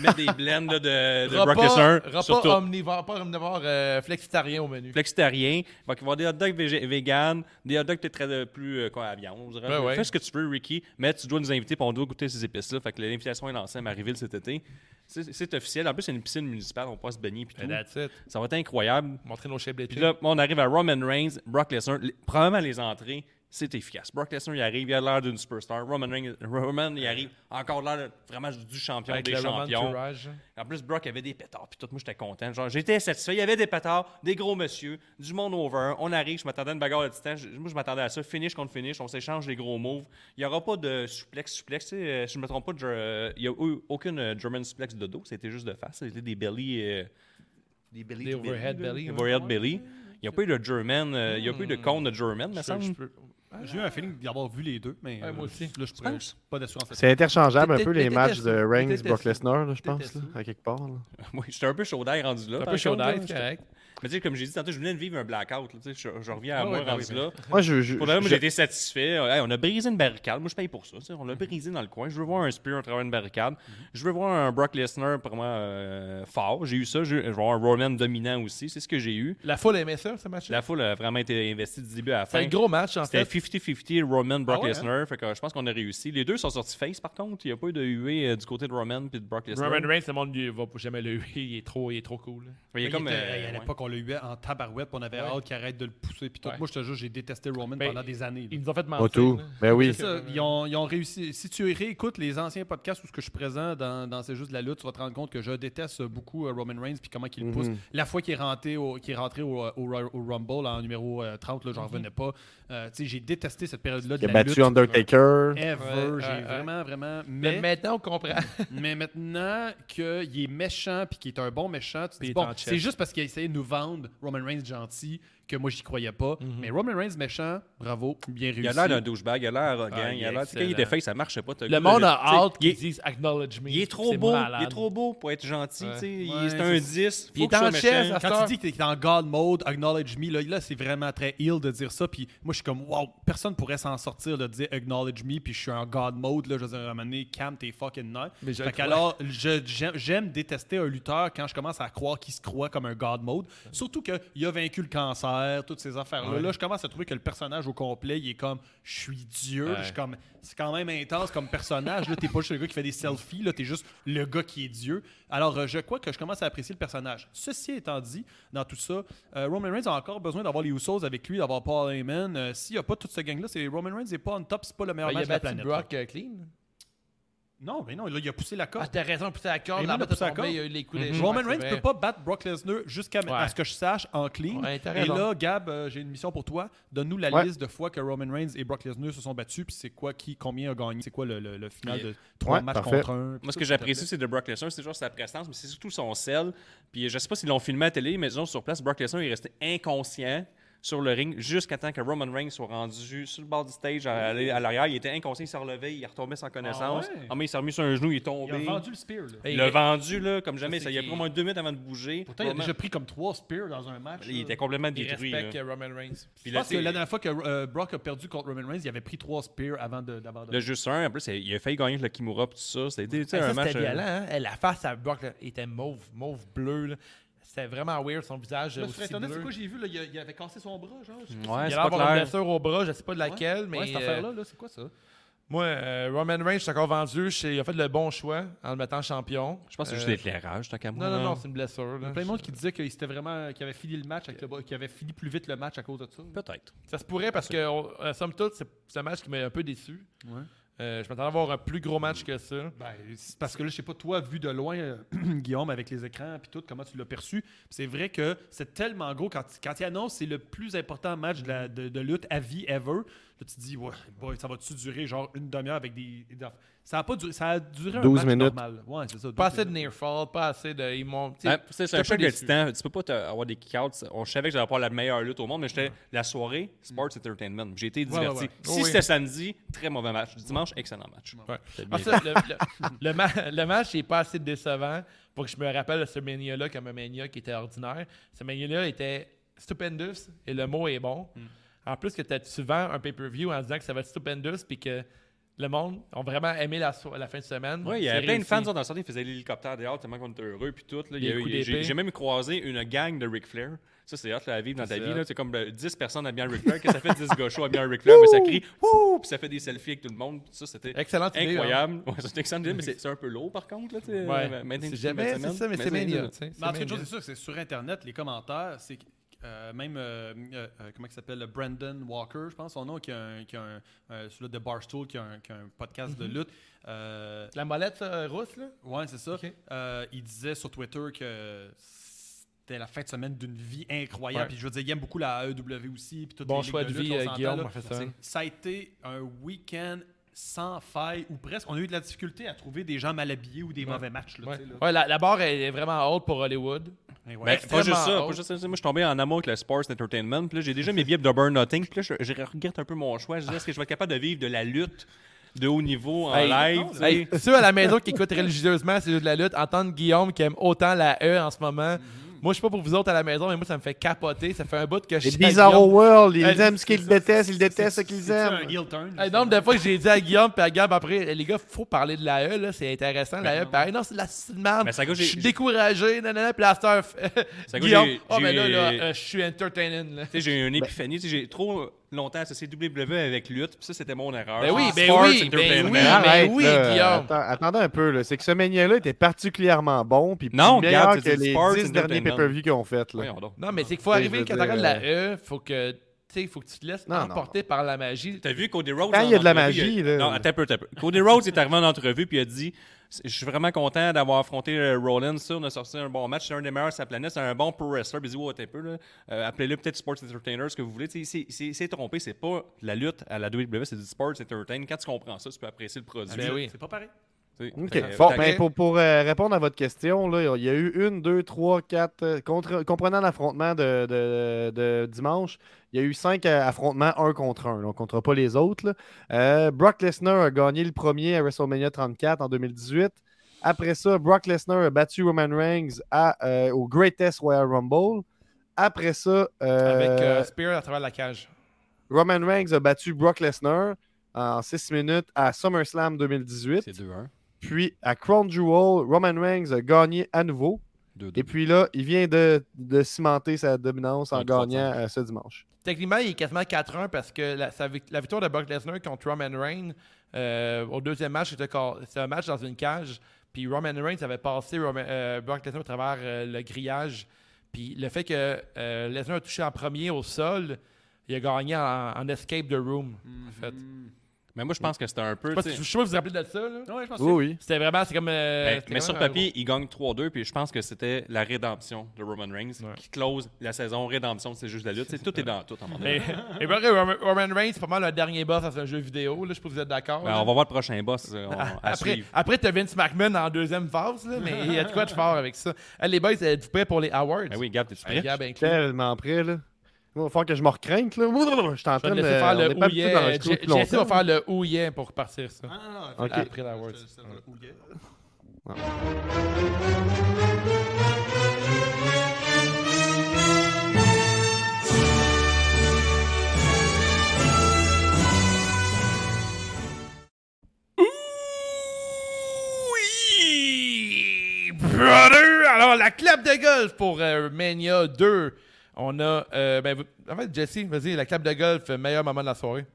[SPEAKER 5] mettre des blends là, de, de Brock
[SPEAKER 3] Repas,
[SPEAKER 5] Lesnar.
[SPEAKER 3] repas
[SPEAKER 5] surtout.
[SPEAKER 3] omnivore, pas omnivore, euh, flexitarien au menu.
[SPEAKER 5] flexitarien. Donc, il va y avoir des hot dogs végé- vegan, des hot dogs peut-être euh, plus euh, quoi, à viande. on dirait.
[SPEAKER 3] Ben ouais.
[SPEAKER 5] Fais ce que tu veux, Ricky, mais tu dois nous inviter pour on doit goûter ces épices-là. Fait que l'invitation est lancée à Marieville cet été. C'est c'est officiel. En plus, c'est une piscine municipale, on peut se baigner. puis
[SPEAKER 3] Ben,
[SPEAKER 5] tout.
[SPEAKER 3] That's it.
[SPEAKER 5] Ça va être incroyable.
[SPEAKER 3] Montrer nos chefs d'été.
[SPEAKER 5] Puis là, on arrive à Roman Reigns, Brock Lesnar. Les- Probablement les entrées, c'est efficace. Brock Lesnar, il arrive, il a l'air d'une superstar. Roman Reigns, Roman, il arrive, encore l'air de- vraiment du champion
[SPEAKER 3] Ben. avec
[SPEAKER 5] des
[SPEAKER 3] le Roman
[SPEAKER 5] champions.
[SPEAKER 3] Tourage.
[SPEAKER 5] En plus, Brock avait des pétards, puis tout, moi j'étais content. Genre, j'étais satisfait. Il y avait des pétards, des gros monsieur, du monde over. On arrive, je m'attendais à une bagarre de titan. Je- moi, je m'attendais à ça. Finish contre finish, on s'échange des gros moves. Il n'y aura pas de suplex, suplex. tu sais, euh, si je ne me trompe pas, je- euh, il n'y a eu aucune euh, German suplex de dos. C'était juste de face. C'était des belly. euh, des belly.
[SPEAKER 3] Des
[SPEAKER 5] to belly,
[SPEAKER 3] overhead hein.
[SPEAKER 5] là.
[SPEAKER 3] belly,
[SPEAKER 5] Des
[SPEAKER 3] ouais.
[SPEAKER 5] overhead belly. Il n'y a pas eu de German. euh, il n'y a pas eu de
[SPEAKER 3] Hmm.
[SPEAKER 5] con de German, me semble.
[SPEAKER 3] Je peux-
[SPEAKER 4] J'ai eu un feeling d'avoir vu les deux, mais
[SPEAKER 3] Ah.
[SPEAKER 4] euh,
[SPEAKER 3] Ouais, moi aussi.
[SPEAKER 4] là, je pourrais pas d'assurance.
[SPEAKER 6] C'est interchangeable un
[SPEAKER 3] T'étais-
[SPEAKER 6] peu les
[SPEAKER 3] t'étais
[SPEAKER 6] matchs
[SPEAKER 3] sous-
[SPEAKER 6] de Reigns,
[SPEAKER 3] t'étais
[SPEAKER 6] Brock
[SPEAKER 3] sous-
[SPEAKER 6] Lesnar, là, je
[SPEAKER 3] t'étais
[SPEAKER 6] pense, là,
[SPEAKER 3] sous.
[SPEAKER 6] à quelque part. là.
[SPEAKER 5] Oui, j'étais un peu chaud d'air rendu là.
[SPEAKER 3] Un
[SPEAKER 5] par
[SPEAKER 3] peu chaud
[SPEAKER 5] contre, là.
[SPEAKER 3] d'air, c'est correct.
[SPEAKER 5] Mais tu sais, comme j'ai dit tantôt, je venais de vivre un blackout. là, tu sais, Je, je reviens à
[SPEAKER 3] Ah
[SPEAKER 5] moi
[SPEAKER 3] ouais, ben
[SPEAKER 5] rendu
[SPEAKER 3] oui,
[SPEAKER 5] là.
[SPEAKER 6] Moi, je, je-
[SPEAKER 5] Pour le moment,
[SPEAKER 6] je-
[SPEAKER 5] j'ai été satisfait. Euh, hey, on a brisé une barricade. Moi, je paye pour ça. tu sais. On l'a brisé dans le coin. Je veux voir un Spear à travers une barricade.
[SPEAKER 3] Mhm.
[SPEAKER 5] Je veux voir un Brock Lesnar vraiment euh, fort. J'ai eu ça. Je je veux voir un Roman dominant aussi. C'est ce que j'ai eu.
[SPEAKER 3] La foule aimait ça, ce match-là.
[SPEAKER 5] La foule a vraiment été investie du début à la
[SPEAKER 3] C'était
[SPEAKER 5] fin.
[SPEAKER 3] un gros match, en
[SPEAKER 5] C'était
[SPEAKER 3] fait.
[SPEAKER 5] 50-50 Roman Brock
[SPEAKER 4] Ah ouais, hein?
[SPEAKER 5] Lesnar. Fait que euh, je pense qu'on a réussi. Les deux sont sortis face par contre. Il n'y a pas eu de huée euh, du côté de Roman puis de Brock Lesnar.
[SPEAKER 3] Roman Reigns, le monde ne va jamais le huer. Il est trop, il est trop cool.
[SPEAKER 5] Il est comme. euh,
[SPEAKER 4] à
[SPEAKER 5] ouais.
[SPEAKER 4] l'époque, on le huait en tabarouette, puis on avait hâte qu'il arrête de le pousser. Puis tout.
[SPEAKER 3] Ouais.
[SPEAKER 4] Moi, je te jure, j'ai détesté Roman
[SPEAKER 3] Ben,
[SPEAKER 4] pendant des années. là.
[SPEAKER 3] Ils nous ont fait mentir.
[SPEAKER 6] Pas tout.
[SPEAKER 3] là.
[SPEAKER 6] Ben oui.
[SPEAKER 4] C'est ça, ils, ont, ils ont réussi. Si tu réécoutes les anciens podcasts où ce que je suis présent dans, dans ces jeux de la lutte, tu vas te rendre compte que je déteste beaucoup euh, Roman Reigns puis comment qu'il le pousse.
[SPEAKER 6] Mm-hmm.
[SPEAKER 4] La fois qu'il est rentré au, qu'il est rentré au, euh, au, au Rumble en numéro euh, 30, là, j'en
[SPEAKER 3] Mm-hmm.
[SPEAKER 4] revenais pas. Euh, tu sais, j'ai détesté cette période-là de
[SPEAKER 6] Il a
[SPEAKER 4] la
[SPEAKER 6] battu
[SPEAKER 4] lutte. euh,
[SPEAKER 6] Undertaker.
[SPEAKER 3] Ouais,
[SPEAKER 4] Ever. j'ai
[SPEAKER 3] ouais, ouais.
[SPEAKER 4] vraiment, vraiment.
[SPEAKER 3] Mais,
[SPEAKER 4] Mais, mais,
[SPEAKER 3] maintenant, on comprend.
[SPEAKER 4] maintenant qu'il est méchant puis qu'il est un bon méchant, tu te
[SPEAKER 3] Puis il
[SPEAKER 4] dis,
[SPEAKER 3] est
[SPEAKER 4] bon,
[SPEAKER 3] en chess.
[SPEAKER 4] c'est juste parce qu'il a essayé de nous vendre Roman Reigns gentil que moi, j'y croyais pas.
[SPEAKER 3] Mm-hmm.
[SPEAKER 4] Mais Roman Reigns méchant, bravo, bien réussi.
[SPEAKER 5] Il a l'air d'un douchebag, il a l'air arrogant,
[SPEAKER 3] Ah, il
[SPEAKER 5] il
[SPEAKER 3] est
[SPEAKER 5] a l'air. tu sais, Quand il était
[SPEAKER 3] excellent.
[SPEAKER 5] face, ça marchait pas. t'as
[SPEAKER 3] Le
[SPEAKER 5] goût de-
[SPEAKER 3] monde a
[SPEAKER 5] tu sais,
[SPEAKER 3] hâte
[SPEAKER 5] il est-
[SPEAKER 3] qu'ils disent acknowledge me.
[SPEAKER 5] Il est trop
[SPEAKER 3] C'est
[SPEAKER 5] beau,
[SPEAKER 3] malade.
[SPEAKER 5] il est trop beau pour être gentil,
[SPEAKER 3] Ouais.
[SPEAKER 5] tu sais. Il-
[SPEAKER 4] Ouais,
[SPEAKER 5] c'est
[SPEAKER 4] c'est-
[SPEAKER 5] un 10,
[SPEAKER 3] Il
[SPEAKER 5] faut
[SPEAKER 3] est
[SPEAKER 5] que
[SPEAKER 3] en
[SPEAKER 5] je sois
[SPEAKER 3] chaise,
[SPEAKER 5] méchant.
[SPEAKER 3] à-
[SPEAKER 4] Quand
[SPEAKER 3] Star.
[SPEAKER 4] tu dis que t'es en God mode, acknowledge me, là, là, c'est vraiment très ill de dire ça. Puis moi, je suis comme, wow, personne pourrait s'en sortir de dire acknowledge me, puis je suis en God mode, là, je veux dire, à un moment donné, calme tes fucking nerfs.
[SPEAKER 3] Mais je
[SPEAKER 4] Fait
[SPEAKER 3] le crois.
[SPEAKER 4] qu'alors, je- j'aime- j'aime détester un lutteur quand je commence à croire qu'il se croit comme un God mode. Surtout qu'il a vaincu le cancer, toutes ces affaires-là. Là, je commence à trouver que le personnage au complet, il est comme, je suis Dieu. Je suis comme, c'est quand même intense comme personnage. Là, t'es pas juste le gars qui fait des selfies, là, t'es juste le gars qui est Dieu. Alors, euh, je crois que je commence à apprécier le personnage. Ceci étant dit, dans tout ça, euh, Roman Reigns a encore besoin d'avoir les Usos avec lui, d'avoir Paul Heyman. Euh, S'il n'y a pas toute cette gang-là, c'est Roman Reigns n'est pas on top, c'est pas le meilleur
[SPEAKER 3] Ben, il
[SPEAKER 4] match
[SPEAKER 3] a
[SPEAKER 4] de la
[SPEAKER 3] battu
[SPEAKER 4] planète.
[SPEAKER 3] Brock euh, clean.
[SPEAKER 4] Non, mais non, là, il a poussé la corde.
[SPEAKER 3] Ah, t'as raison, poussé la corde.
[SPEAKER 4] Il
[SPEAKER 3] La
[SPEAKER 4] a
[SPEAKER 3] batte
[SPEAKER 4] poussé
[SPEAKER 3] a
[SPEAKER 4] la corde.
[SPEAKER 3] tombé, il y a eu les coups des
[SPEAKER 4] Mhm.
[SPEAKER 3] joueurs,
[SPEAKER 4] Roman
[SPEAKER 3] c'est
[SPEAKER 4] Reigns ne
[SPEAKER 3] vrai.
[SPEAKER 4] peut pas battre Brock Lesnar jusqu'à
[SPEAKER 3] Ouais.
[SPEAKER 4] à ce que je sache en clean.
[SPEAKER 3] Ouais, t'as
[SPEAKER 4] et
[SPEAKER 3] raison.
[SPEAKER 4] là, Gab, euh, j'ai une mission pour toi. Donne-nous la
[SPEAKER 6] Ouais.
[SPEAKER 4] liste de fois que Roman Reigns et Brock Lesnar se sont battus, puis c'est quoi qui, combien a gagné, c'est quoi le, le- le final de trois
[SPEAKER 6] Ouais,
[SPEAKER 4] matchs
[SPEAKER 6] parfait.
[SPEAKER 4] contre un. puis
[SPEAKER 5] Moi, ce
[SPEAKER 4] tout,
[SPEAKER 5] que
[SPEAKER 4] s'il te
[SPEAKER 5] j'apprécie, c'est de Brock Lesnar, c'est genre sa prestance, mais c'est surtout son sel. Puis je sais pas s'ils l'ont filmé à la télé, mais disons, sur place, Brock Lesnar est resté inconscient. sur le ring jusqu'à temps que Roman Reigns soit rendu sur le bord du stage, à, aller à l'arrière. Il était inconscient, il s'est relevé, il est retombé sans connaissance.
[SPEAKER 4] ouais?
[SPEAKER 5] Ah, mais il s'est remis sur un genou, il est
[SPEAKER 4] Il a
[SPEAKER 5] tombé.
[SPEAKER 4] vendu le spear. Là.
[SPEAKER 5] Il l'a vendu là, comme jamais.
[SPEAKER 3] c'est
[SPEAKER 5] Ça, il a pris
[SPEAKER 3] qui-
[SPEAKER 5] au moins deux minutes avant de bouger.
[SPEAKER 4] Pourtant, il a
[SPEAKER 5] Roman-
[SPEAKER 4] déjà pris comme trois spears dans un match.
[SPEAKER 5] il
[SPEAKER 4] là.
[SPEAKER 5] était complètement
[SPEAKER 3] Il
[SPEAKER 5] détruit.
[SPEAKER 3] respecte
[SPEAKER 5] là.
[SPEAKER 3] euh, Roman Reigns.
[SPEAKER 5] Puis
[SPEAKER 4] Je
[SPEAKER 5] là,
[SPEAKER 4] pense que la
[SPEAKER 5] tu sais,
[SPEAKER 4] dernière fois que euh, Brock a perdu contre Roman Reigns, il avait pris trois spears avant de-
[SPEAKER 5] Le
[SPEAKER 4] d'abandonner.
[SPEAKER 5] juste un, en plus, il a failli gagner avec le Kimura pis tout ça. C'était tu sais,
[SPEAKER 3] Ah,
[SPEAKER 5] un
[SPEAKER 3] ça,
[SPEAKER 5] match.
[SPEAKER 3] c'était
[SPEAKER 5] euh,
[SPEAKER 3] violent. Hein? Elle, La face à Brock là, était mauve, mauve bleu. là. C'était vraiment weird son visage.
[SPEAKER 4] Je me
[SPEAKER 3] aussi
[SPEAKER 4] suis étonné,
[SPEAKER 3] bleu.
[SPEAKER 4] c'est quoi j'ai vu? Là, il, a- il avait cassé son bras, genre. je-
[SPEAKER 5] Ouais,
[SPEAKER 3] il a
[SPEAKER 5] c'est pas
[SPEAKER 3] avoir une
[SPEAKER 5] clair.
[SPEAKER 3] blessure au bras, je sais pas de laquelle, mais
[SPEAKER 4] ouais, cette
[SPEAKER 3] euh,
[SPEAKER 4] affaire-là, là, c'est quoi ça?
[SPEAKER 3] moi, euh, Roman Reigns, je suis encore vendu. Je sais, Il a fait le bon choix en le mettant champion.
[SPEAKER 5] Je pense que c'est juste
[SPEAKER 3] Euh,
[SPEAKER 5] l'éclairage, tant qu'à moi.
[SPEAKER 3] Non, non,
[SPEAKER 5] là.
[SPEAKER 3] non, c'est une blessure.
[SPEAKER 4] Il y
[SPEAKER 3] là.
[SPEAKER 4] a plein de monde qui disait qu'il s'était vraiment, qu'il avait fini le match, avec le bras- qu'il avait fini plus vite le match à cause de ça.
[SPEAKER 5] Peut-être.
[SPEAKER 3] Ça se pourrait parce que, on- euh, somme toute, c'est c'est un match qui m'a un peu déçu.
[SPEAKER 4] Ouais.
[SPEAKER 3] Euh, je m'attendais à voir un plus gros match que ça.
[SPEAKER 4] Ben, c'est parce que là, je sais pas, toi, vu de loin, euh, Guillaume, avec les écrans puis tout, comment tu l'as perçu. Puis C'est vrai que c'est tellement gros. Quand, quand il annonce c'est le plus important match de, la- de- de lutte à vie ever, là, tu te dis, ouais, boy, ça va-tu durer genre une demi-heure avec des. des aff- Ça a, pas duré, ça a duré
[SPEAKER 6] 12
[SPEAKER 4] un match
[SPEAKER 6] minutes.
[SPEAKER 4] normal. Ouais, c'est ça.
[SPEAKER 3] Pas
[SPEAKER 4] 12
[SPEAKER 3] assez de
[SPEAKER 4] minutes.
[SPEAKER 3] near fall, pas assez de. Ils m'ont- tu sais,
[SPEAKER 5] Ah, C'est c'est un
[SPEAKER 3] j'étais un
[SPEAKER 5] choc
[SPEAKER 3] peu
[SPEAKER 5] de
[SPEAKER 3] déçu.
[SPEAKER 5] titan. Tu peux pas te- avoir des kick-outs. On je savais que j'allais pas la meilleure lutte au monde, mais j'étais la soirée Sports Entertainment. J'ai été
[SPEAKER 3] Ouais,
[SPEAKER 5] diverti.
[SPEAKER 3] ouais, ouais.
[SPEAKER 5] Si
[SPEAKER 3] Oh, oui.
[SPEAKER 5] c'était samedi, très mauvais match. Dimanche, excellent match.
[SPEAKER 3] Ouais.
[SPEAKER 5] C'était bien
[SPEAKER 3] Ah, ça, le, le- le ma- le match n'est pas assez décevant pour que je me rappelle ce mania-là comme un mania qui était ordinaire. Ce mania-là était stupendous et le mot est bon. En plus que t'as- tu vends un pay-per-view en disant que ça va être stupendous puis que le monde a vraiment aimé la, so- la fin de semaine.
[SPEAKER 5] Oui, il y
[SPEAKER 3] C'est
[SPEAKER 5] avait plein de
[SPEAKER 3] réussi.
[SPEAKER 5] fans disons, dans le sortie, ils faisaient l'hélicoptère dehors tellement qu'on était heureux puis tout. là. Il y a
[SPEAKER 3] Les
[SPEAKER 5] eu-
[SPEAKER 3] coups
[SPEAKER 5] j'ai-
[SPEAKER 3] d'épée.
[SPEAKER 5] J'ai même croisé une gang de Ric Flair. Ça, c'est hot là, à vivre dans ta
[SPEAKER 6] C'est
[SPEAKER 5] vie.
[SPEAKER 6] hot.
[SPEAKER 5] là. C'est comme euh, 10 personnes à bien Ric Flair, que ça fait 10 gauchos à bien Ric Flair, mais ça crie Wouh! Puis ça fait des selfies avec tout le monde. Ça, c'était
[SPEAKER 3] Excellente idée, hein.
[SPEAKER 5] incroyable. Ouais, c'est une excellente idée, mais c'est c'est un peu lourd par contre. Là, tu sais,
[SPEAKER 3] Ouais.
[SPEAKER 5] euh, maintenant
[SPEAKER 3] C'est
[SPEAKER 5] que tu
[SPEAKER 3] jamais,
[SPEAKER 5] fais une
[SPEAKER 3] c'est ça, mais c'est
[SPEAKER 5] là.
[SPEAKER 3] mania. tu sais, c'est
[SPEAKER 4] Mais en tout cas,
[SPEAKER 3] mania.
[SPEAKER 4] une chose est sûre, c'est sur Internet, les commentaires, c'est que, euh, même, euh, euh, euh, comment il s'appelle, Brandon Walker, je pense son nom, qui a un, qui a un- un- celui de Barstool, qui a un, qui a un podcast de lutte. Euh,
[SPEAKER 3] La molette euh, rousse, là?
[SPEAKER 4] ouais, c'est ça.
[SPEAKER 3] Ok.
[SPEAKER 4] Euh, il disait sur Twitter que c'était la fin de semaine d'une vie incroyable.
[SPEAKER 3] Ouais.
[SPEAKER 4] Puis je veux dire, il aime beaucoup la AEW aussi. Puis toutes
[SPEAKER 3] Bon
[SPEAKER 4] les ligues
[SPEAKER 3] choix de
[SPEAKER 4] lutte,
[SPEAKER 3] vie,
[SPEAKER 4] on
[SPEAKER 3] euh,
[SPEAKER 4] s'entend,
[SPEAKER 3] Guillaume,
[SPEAKER 4] là.
[SPEAKER 3] on fait ça.
[SPEAKER 4] C'est- Ça a été un week-end sans faille ou presque. On a eu de la difficulté à trouver des gens mal habillés ou des mauvais matchs. Là,
[SPEAKER 3] Ouais.
[SPEAKER 4] tu sais, là.
[SPEAKER 3] Ouais, la, la barre elle est vraiment haute pour Hollywood.
[SPEAKER 4] Et ouais.
[SPEAKER 5] Ben, pas juste ça,
[SPEAKER 3] extrêmement
[SPEAKER 5] pas
[SPEAKER 3] haute.
[SPEAKER 5] juste ça. Moi, je suis tombé en amour avec le Sports Entertainment. Puis là, j'ai déjà mes billets de Burn Nothing. Puis là, je, je regrette un peu mon choix. Je disais, est-ce que je vais être capable de vivre de la lutte de haut niveau en
[SPEAKER 3] Hey,
[SPEAKER 5] live? tu sais?
[SPEAKER 3] Hey, ceux à la maison qui écoutent religieusement ces jeux de la lutte, entendre Guillaume qui aime autant la E en ce moment.
[SPEAKER 5] Mhm.
[SPEAKER 3] Moi, je suis pas pour vous autres à la maison, mais moi, ça me fait capoter. Ça fait un bout que je
[SPEAKER 6] Les
[SPEAKER 3] suis. à
[SPEAKER 6] Bizarro
[SPEAKER 3] Guillaume.
[SPEAKER 6] World,
[SPEAKER 3] Euh,
[SPEAKER 6] ils aiment ce qu'ils détestent, ils détestent ce qu'ils
[SPEAKER 4] C'est-tu un
[SPEAKER 6] aiment.
[SPEAKER 4] heel turn, je
[SPEAKER 3] Hey,
[SPEAKER 4] sais
[SPEAKER 3] nombre de fois que j'ai dit à Guillaume puis à Gab après, les gars, faut parler de la E, là, c'est intéressant. La E, puis, hey, non, c'est de la cité de merde.
[SPEAKER 5] Ben Mais ça, gars,
[SPEAKER 3] Je
[SPEAKER 5] j'ai-
[SPEAKER 3] suis découragé. Nanana, puis la star.
[SPEAKER 5] Ça, gars,
[SPEAKER 3] Guillaume,
[SPEAKER 5] j'ai-
[SPEAKER 3] oh, mais là,
[SPEAKER 5] j'ai-
[SPEAKER 3] là, euh, je suis entertaining. là.
[SPEAKER 5] Tu sais, j'ai eu une
[SPEAKER 6] Ben-
[SPEAKER 5] épiphanie. Tu sais, J'ai trop longtemps associé WWE avec lutte. Puis ça, c'était mon erreur.
[SPEAKER 3] Ben oui,
[SPEAKER 5] Ah,
[SPEAKER 3] ben
[SPEAKER 5] Sports
[SPEAKER 3] oui, ben
[SPEAKER 5] Entertainment.
[SPEAKER 3] oui.
[SPEAKER 6] Arrête,
[SPEAKER 3] oui,
[SPEAKER 6] là,
[SPEAKER 3] Guillaume.
[SPEAKER 6] attends- attendez un peu, là, c'est que ce mania-là était particulièrement bon, puis
[SPEAKER 5] Non,
[SPEAKER 6] meilleur
[SPEAKER 5] regarde,
[SPEAKER 6] que
[SPEAKER 5] c'est du
[SPEAKER 6] les
[SPEAKER 5] Sports
[SPEAKER 6] 10 derniers
[SPEAKER 5] Entertainment.
[SPEAKER 6] pay-per-views qu'ils ont fait. Là.
[SPEAKER 5] Voyons donc.
[SPEAKER 3] Non, mais c'est qu'il faut
[SPEAKER 6] Tu sais,
[SPEAKER 3] arriver
[SPEAKER 6] je
[SPEAKER 3] quand
[SPEAKER 6] veux
[SPEAKER 3] tu regardes la
[SPEAKER 6] dire, euh,
[SPEAKER 3] E, faut que, tu sais, faut que tu te laisses
[SPEAKER 6] Non, non.
[SPEAKER 3] emporter par la magie.
[SPEAKER 5] T'as vu Cody Rhodes? en
[SPEAKER 6] Quand Ben, il y a de la
[SPEAKER 5] entrevue,
[SPEAKER 6] magie,
[SPEAKER 5] il a-
[SPEAKER 6] là.
[SPEAKER 5] Non, attends un peu, attends un peu. Cody Rhodes est arrivé en entrevue puis il a dit Je suis vraiment content d'avoir affronté euh, Rollins. Ça, on a sorti un bon match. C'est un des meilleurs sur la planète. C'est un bon pro wrestler. Puis il dit Ouais, attends un peu. là. Euh, Appelez-le peut-être Sports Entertainer, ce que vous voulez. Tu sais, C'est c'est- c'est trompé. C'est pas de la lutte à la WWE, c'est du Sports Entertainment. Quand tu comprends ça, tu peux apprécier le produit.
[SPEAKER 3] Ben oui.
[SPEAKER 4] C'est pas pareil.
[SPEAKER 5] Tu sais,
[SPEAKER 6] OK.
[SPEAKER 3] Euh,
[SPEAKER 5] fait que-
[SPEAKER 6] Bon,
[SPEAKER 5] fait que-
[SPEAKER 6] ben, pour, pour, euh, répondre à votre question, là, il y a eu une, deux, trois, quatre. euh, contre- comprenant l'affrontement de, de- de dimanche, il y a eu cinq euh, affrontements un contre un. là, on ne comptera pas les autres. là. Euh, Brock Lesnar a gagné le premier à WrestleMania 34 en 2018. Après ça, Brock Lesnar a battu Roman Reigns à, euh, au Greatest Royal Rumble. Après ça, euh,
[SPEAKER 3] Avec euh, Spear à travers la cage.
[SPEAKER 6] Roman Reigns a battu Brock Lesnar en 6 minutes à SummerSlam 2018.
[SPEAKER 5] C'est 2-1.
[SPEAKER 6] Puis à Crown Jewel, Roman Reigns a gagné à nouveau.
[SPEAKER 5] 2-2.
[SPEAKER 6] Et puis là, il vient de, de cimenter sa dominance en
[SPEAKER 5] Un
[SPEAKER 6] gagnant euh, ce dimanche.
[SPEAKER 3] Techniquement, il est quasiment 4-1 parce que la, sa vic- la victoire de Brock Lesnar contre Roman Reigns euh, au deuxième match, c'était cor- c'était un match dans une cage. Puis Roman Reigns avait passé Roman- euh, Brock Lesnar au travers euh, le grillage. Puis le fait que euh, Lesnar a touché en premier au sol, il a gagné en, en escape the room. En fait.
[SPEAKER 5] Mais moi, je pense que c'était un peu.
[SPEAKER 3] Je sais pas
[SPEAKER 5] tu sais-
[SPEAKER 3] si- je sais pas si vous vous rappelez de ça. là.
[SPEAKER 4] Ouais, je pense
[SPEAKER 6] Oui, oui.
[SPEAKER 3] C'était vraiment, c'est comme. euh,
[SPEAKER 5] Ben,
[SPEAKER 3] c'était
[SPEAKER 5] mais
[SPEAKER 3] quand
[SPEAKER 5] sur
[SPEAKER 3] même un
[SPEAKER 5] papier, il gagne 3-2, puis je pense que c'était la rédemption de Roman Reigns
[SPEAKER 3] Ouais.
[SPEAKER 5] qui close la saison rédemption, c'est juste la lutte. C'est- tout est dans tout. à un moment donné.
[SPEAKER 3] Mais, et Brock- Roman Roman Reigns, c'est pas mal le dernier boss dans un jeu vidéo. Là, je sais pas si vous êtes d'accord.
[SPEAKER 5] Ben,
[SPEAKER 3] là.
[SPEAKER 5] on va voir le prochain boss euh, on- à
[SPEAKER 3] Après,
[SPEAKER 5] suivre.
[SPEAKER 3] après t'as Vince McMahon en deuxième phase, là, mais il y a de quoi de fort avec ça. Hey, les boys, êtes-vous prêts pour les awards?
[SPEAKER 5] Ben oui, Gab, t'es-tu
[SPEAKER 3] Hey,
[SPEAKER 5] prêt?
[SPEAKER 3] Gab inclus.
[SPEAKER 6] Tellement près, là. Il va falloir que je me recrinque, là. Je suis en
[SPEAKER 3] Je vais
[SPEAKER 6] train
[SPEAKER 3] te
[SPEAKER 6] de.
[SPEAKER 3] laisser faire
[SPEAKER 6] euh, on est
[SPEAKER 3] le
[SPEAKER 6] pas habitué
[SPEAKER 3] houillet.
[SPEAKER 6] d'enregistrer
[SPEAKER 3] J'ai-
[SPEAKER 6] depuis
[SPEAKER 3] Jesse va
[SPEAKER 6] longtemps.
[SPEAKER 3] faire le houillet pour partir ça.
[SPEAKER 5] Ah,
[SPEAKER 6] Ok.
[SPEAKER 3] Après la words. Oui, brother! Alors, la clap de golf pour euh, Mania 2. On a. euh, ben, en fait, Jesse, vas-y, la clap de golf, euh, meilleur moment de la soirée.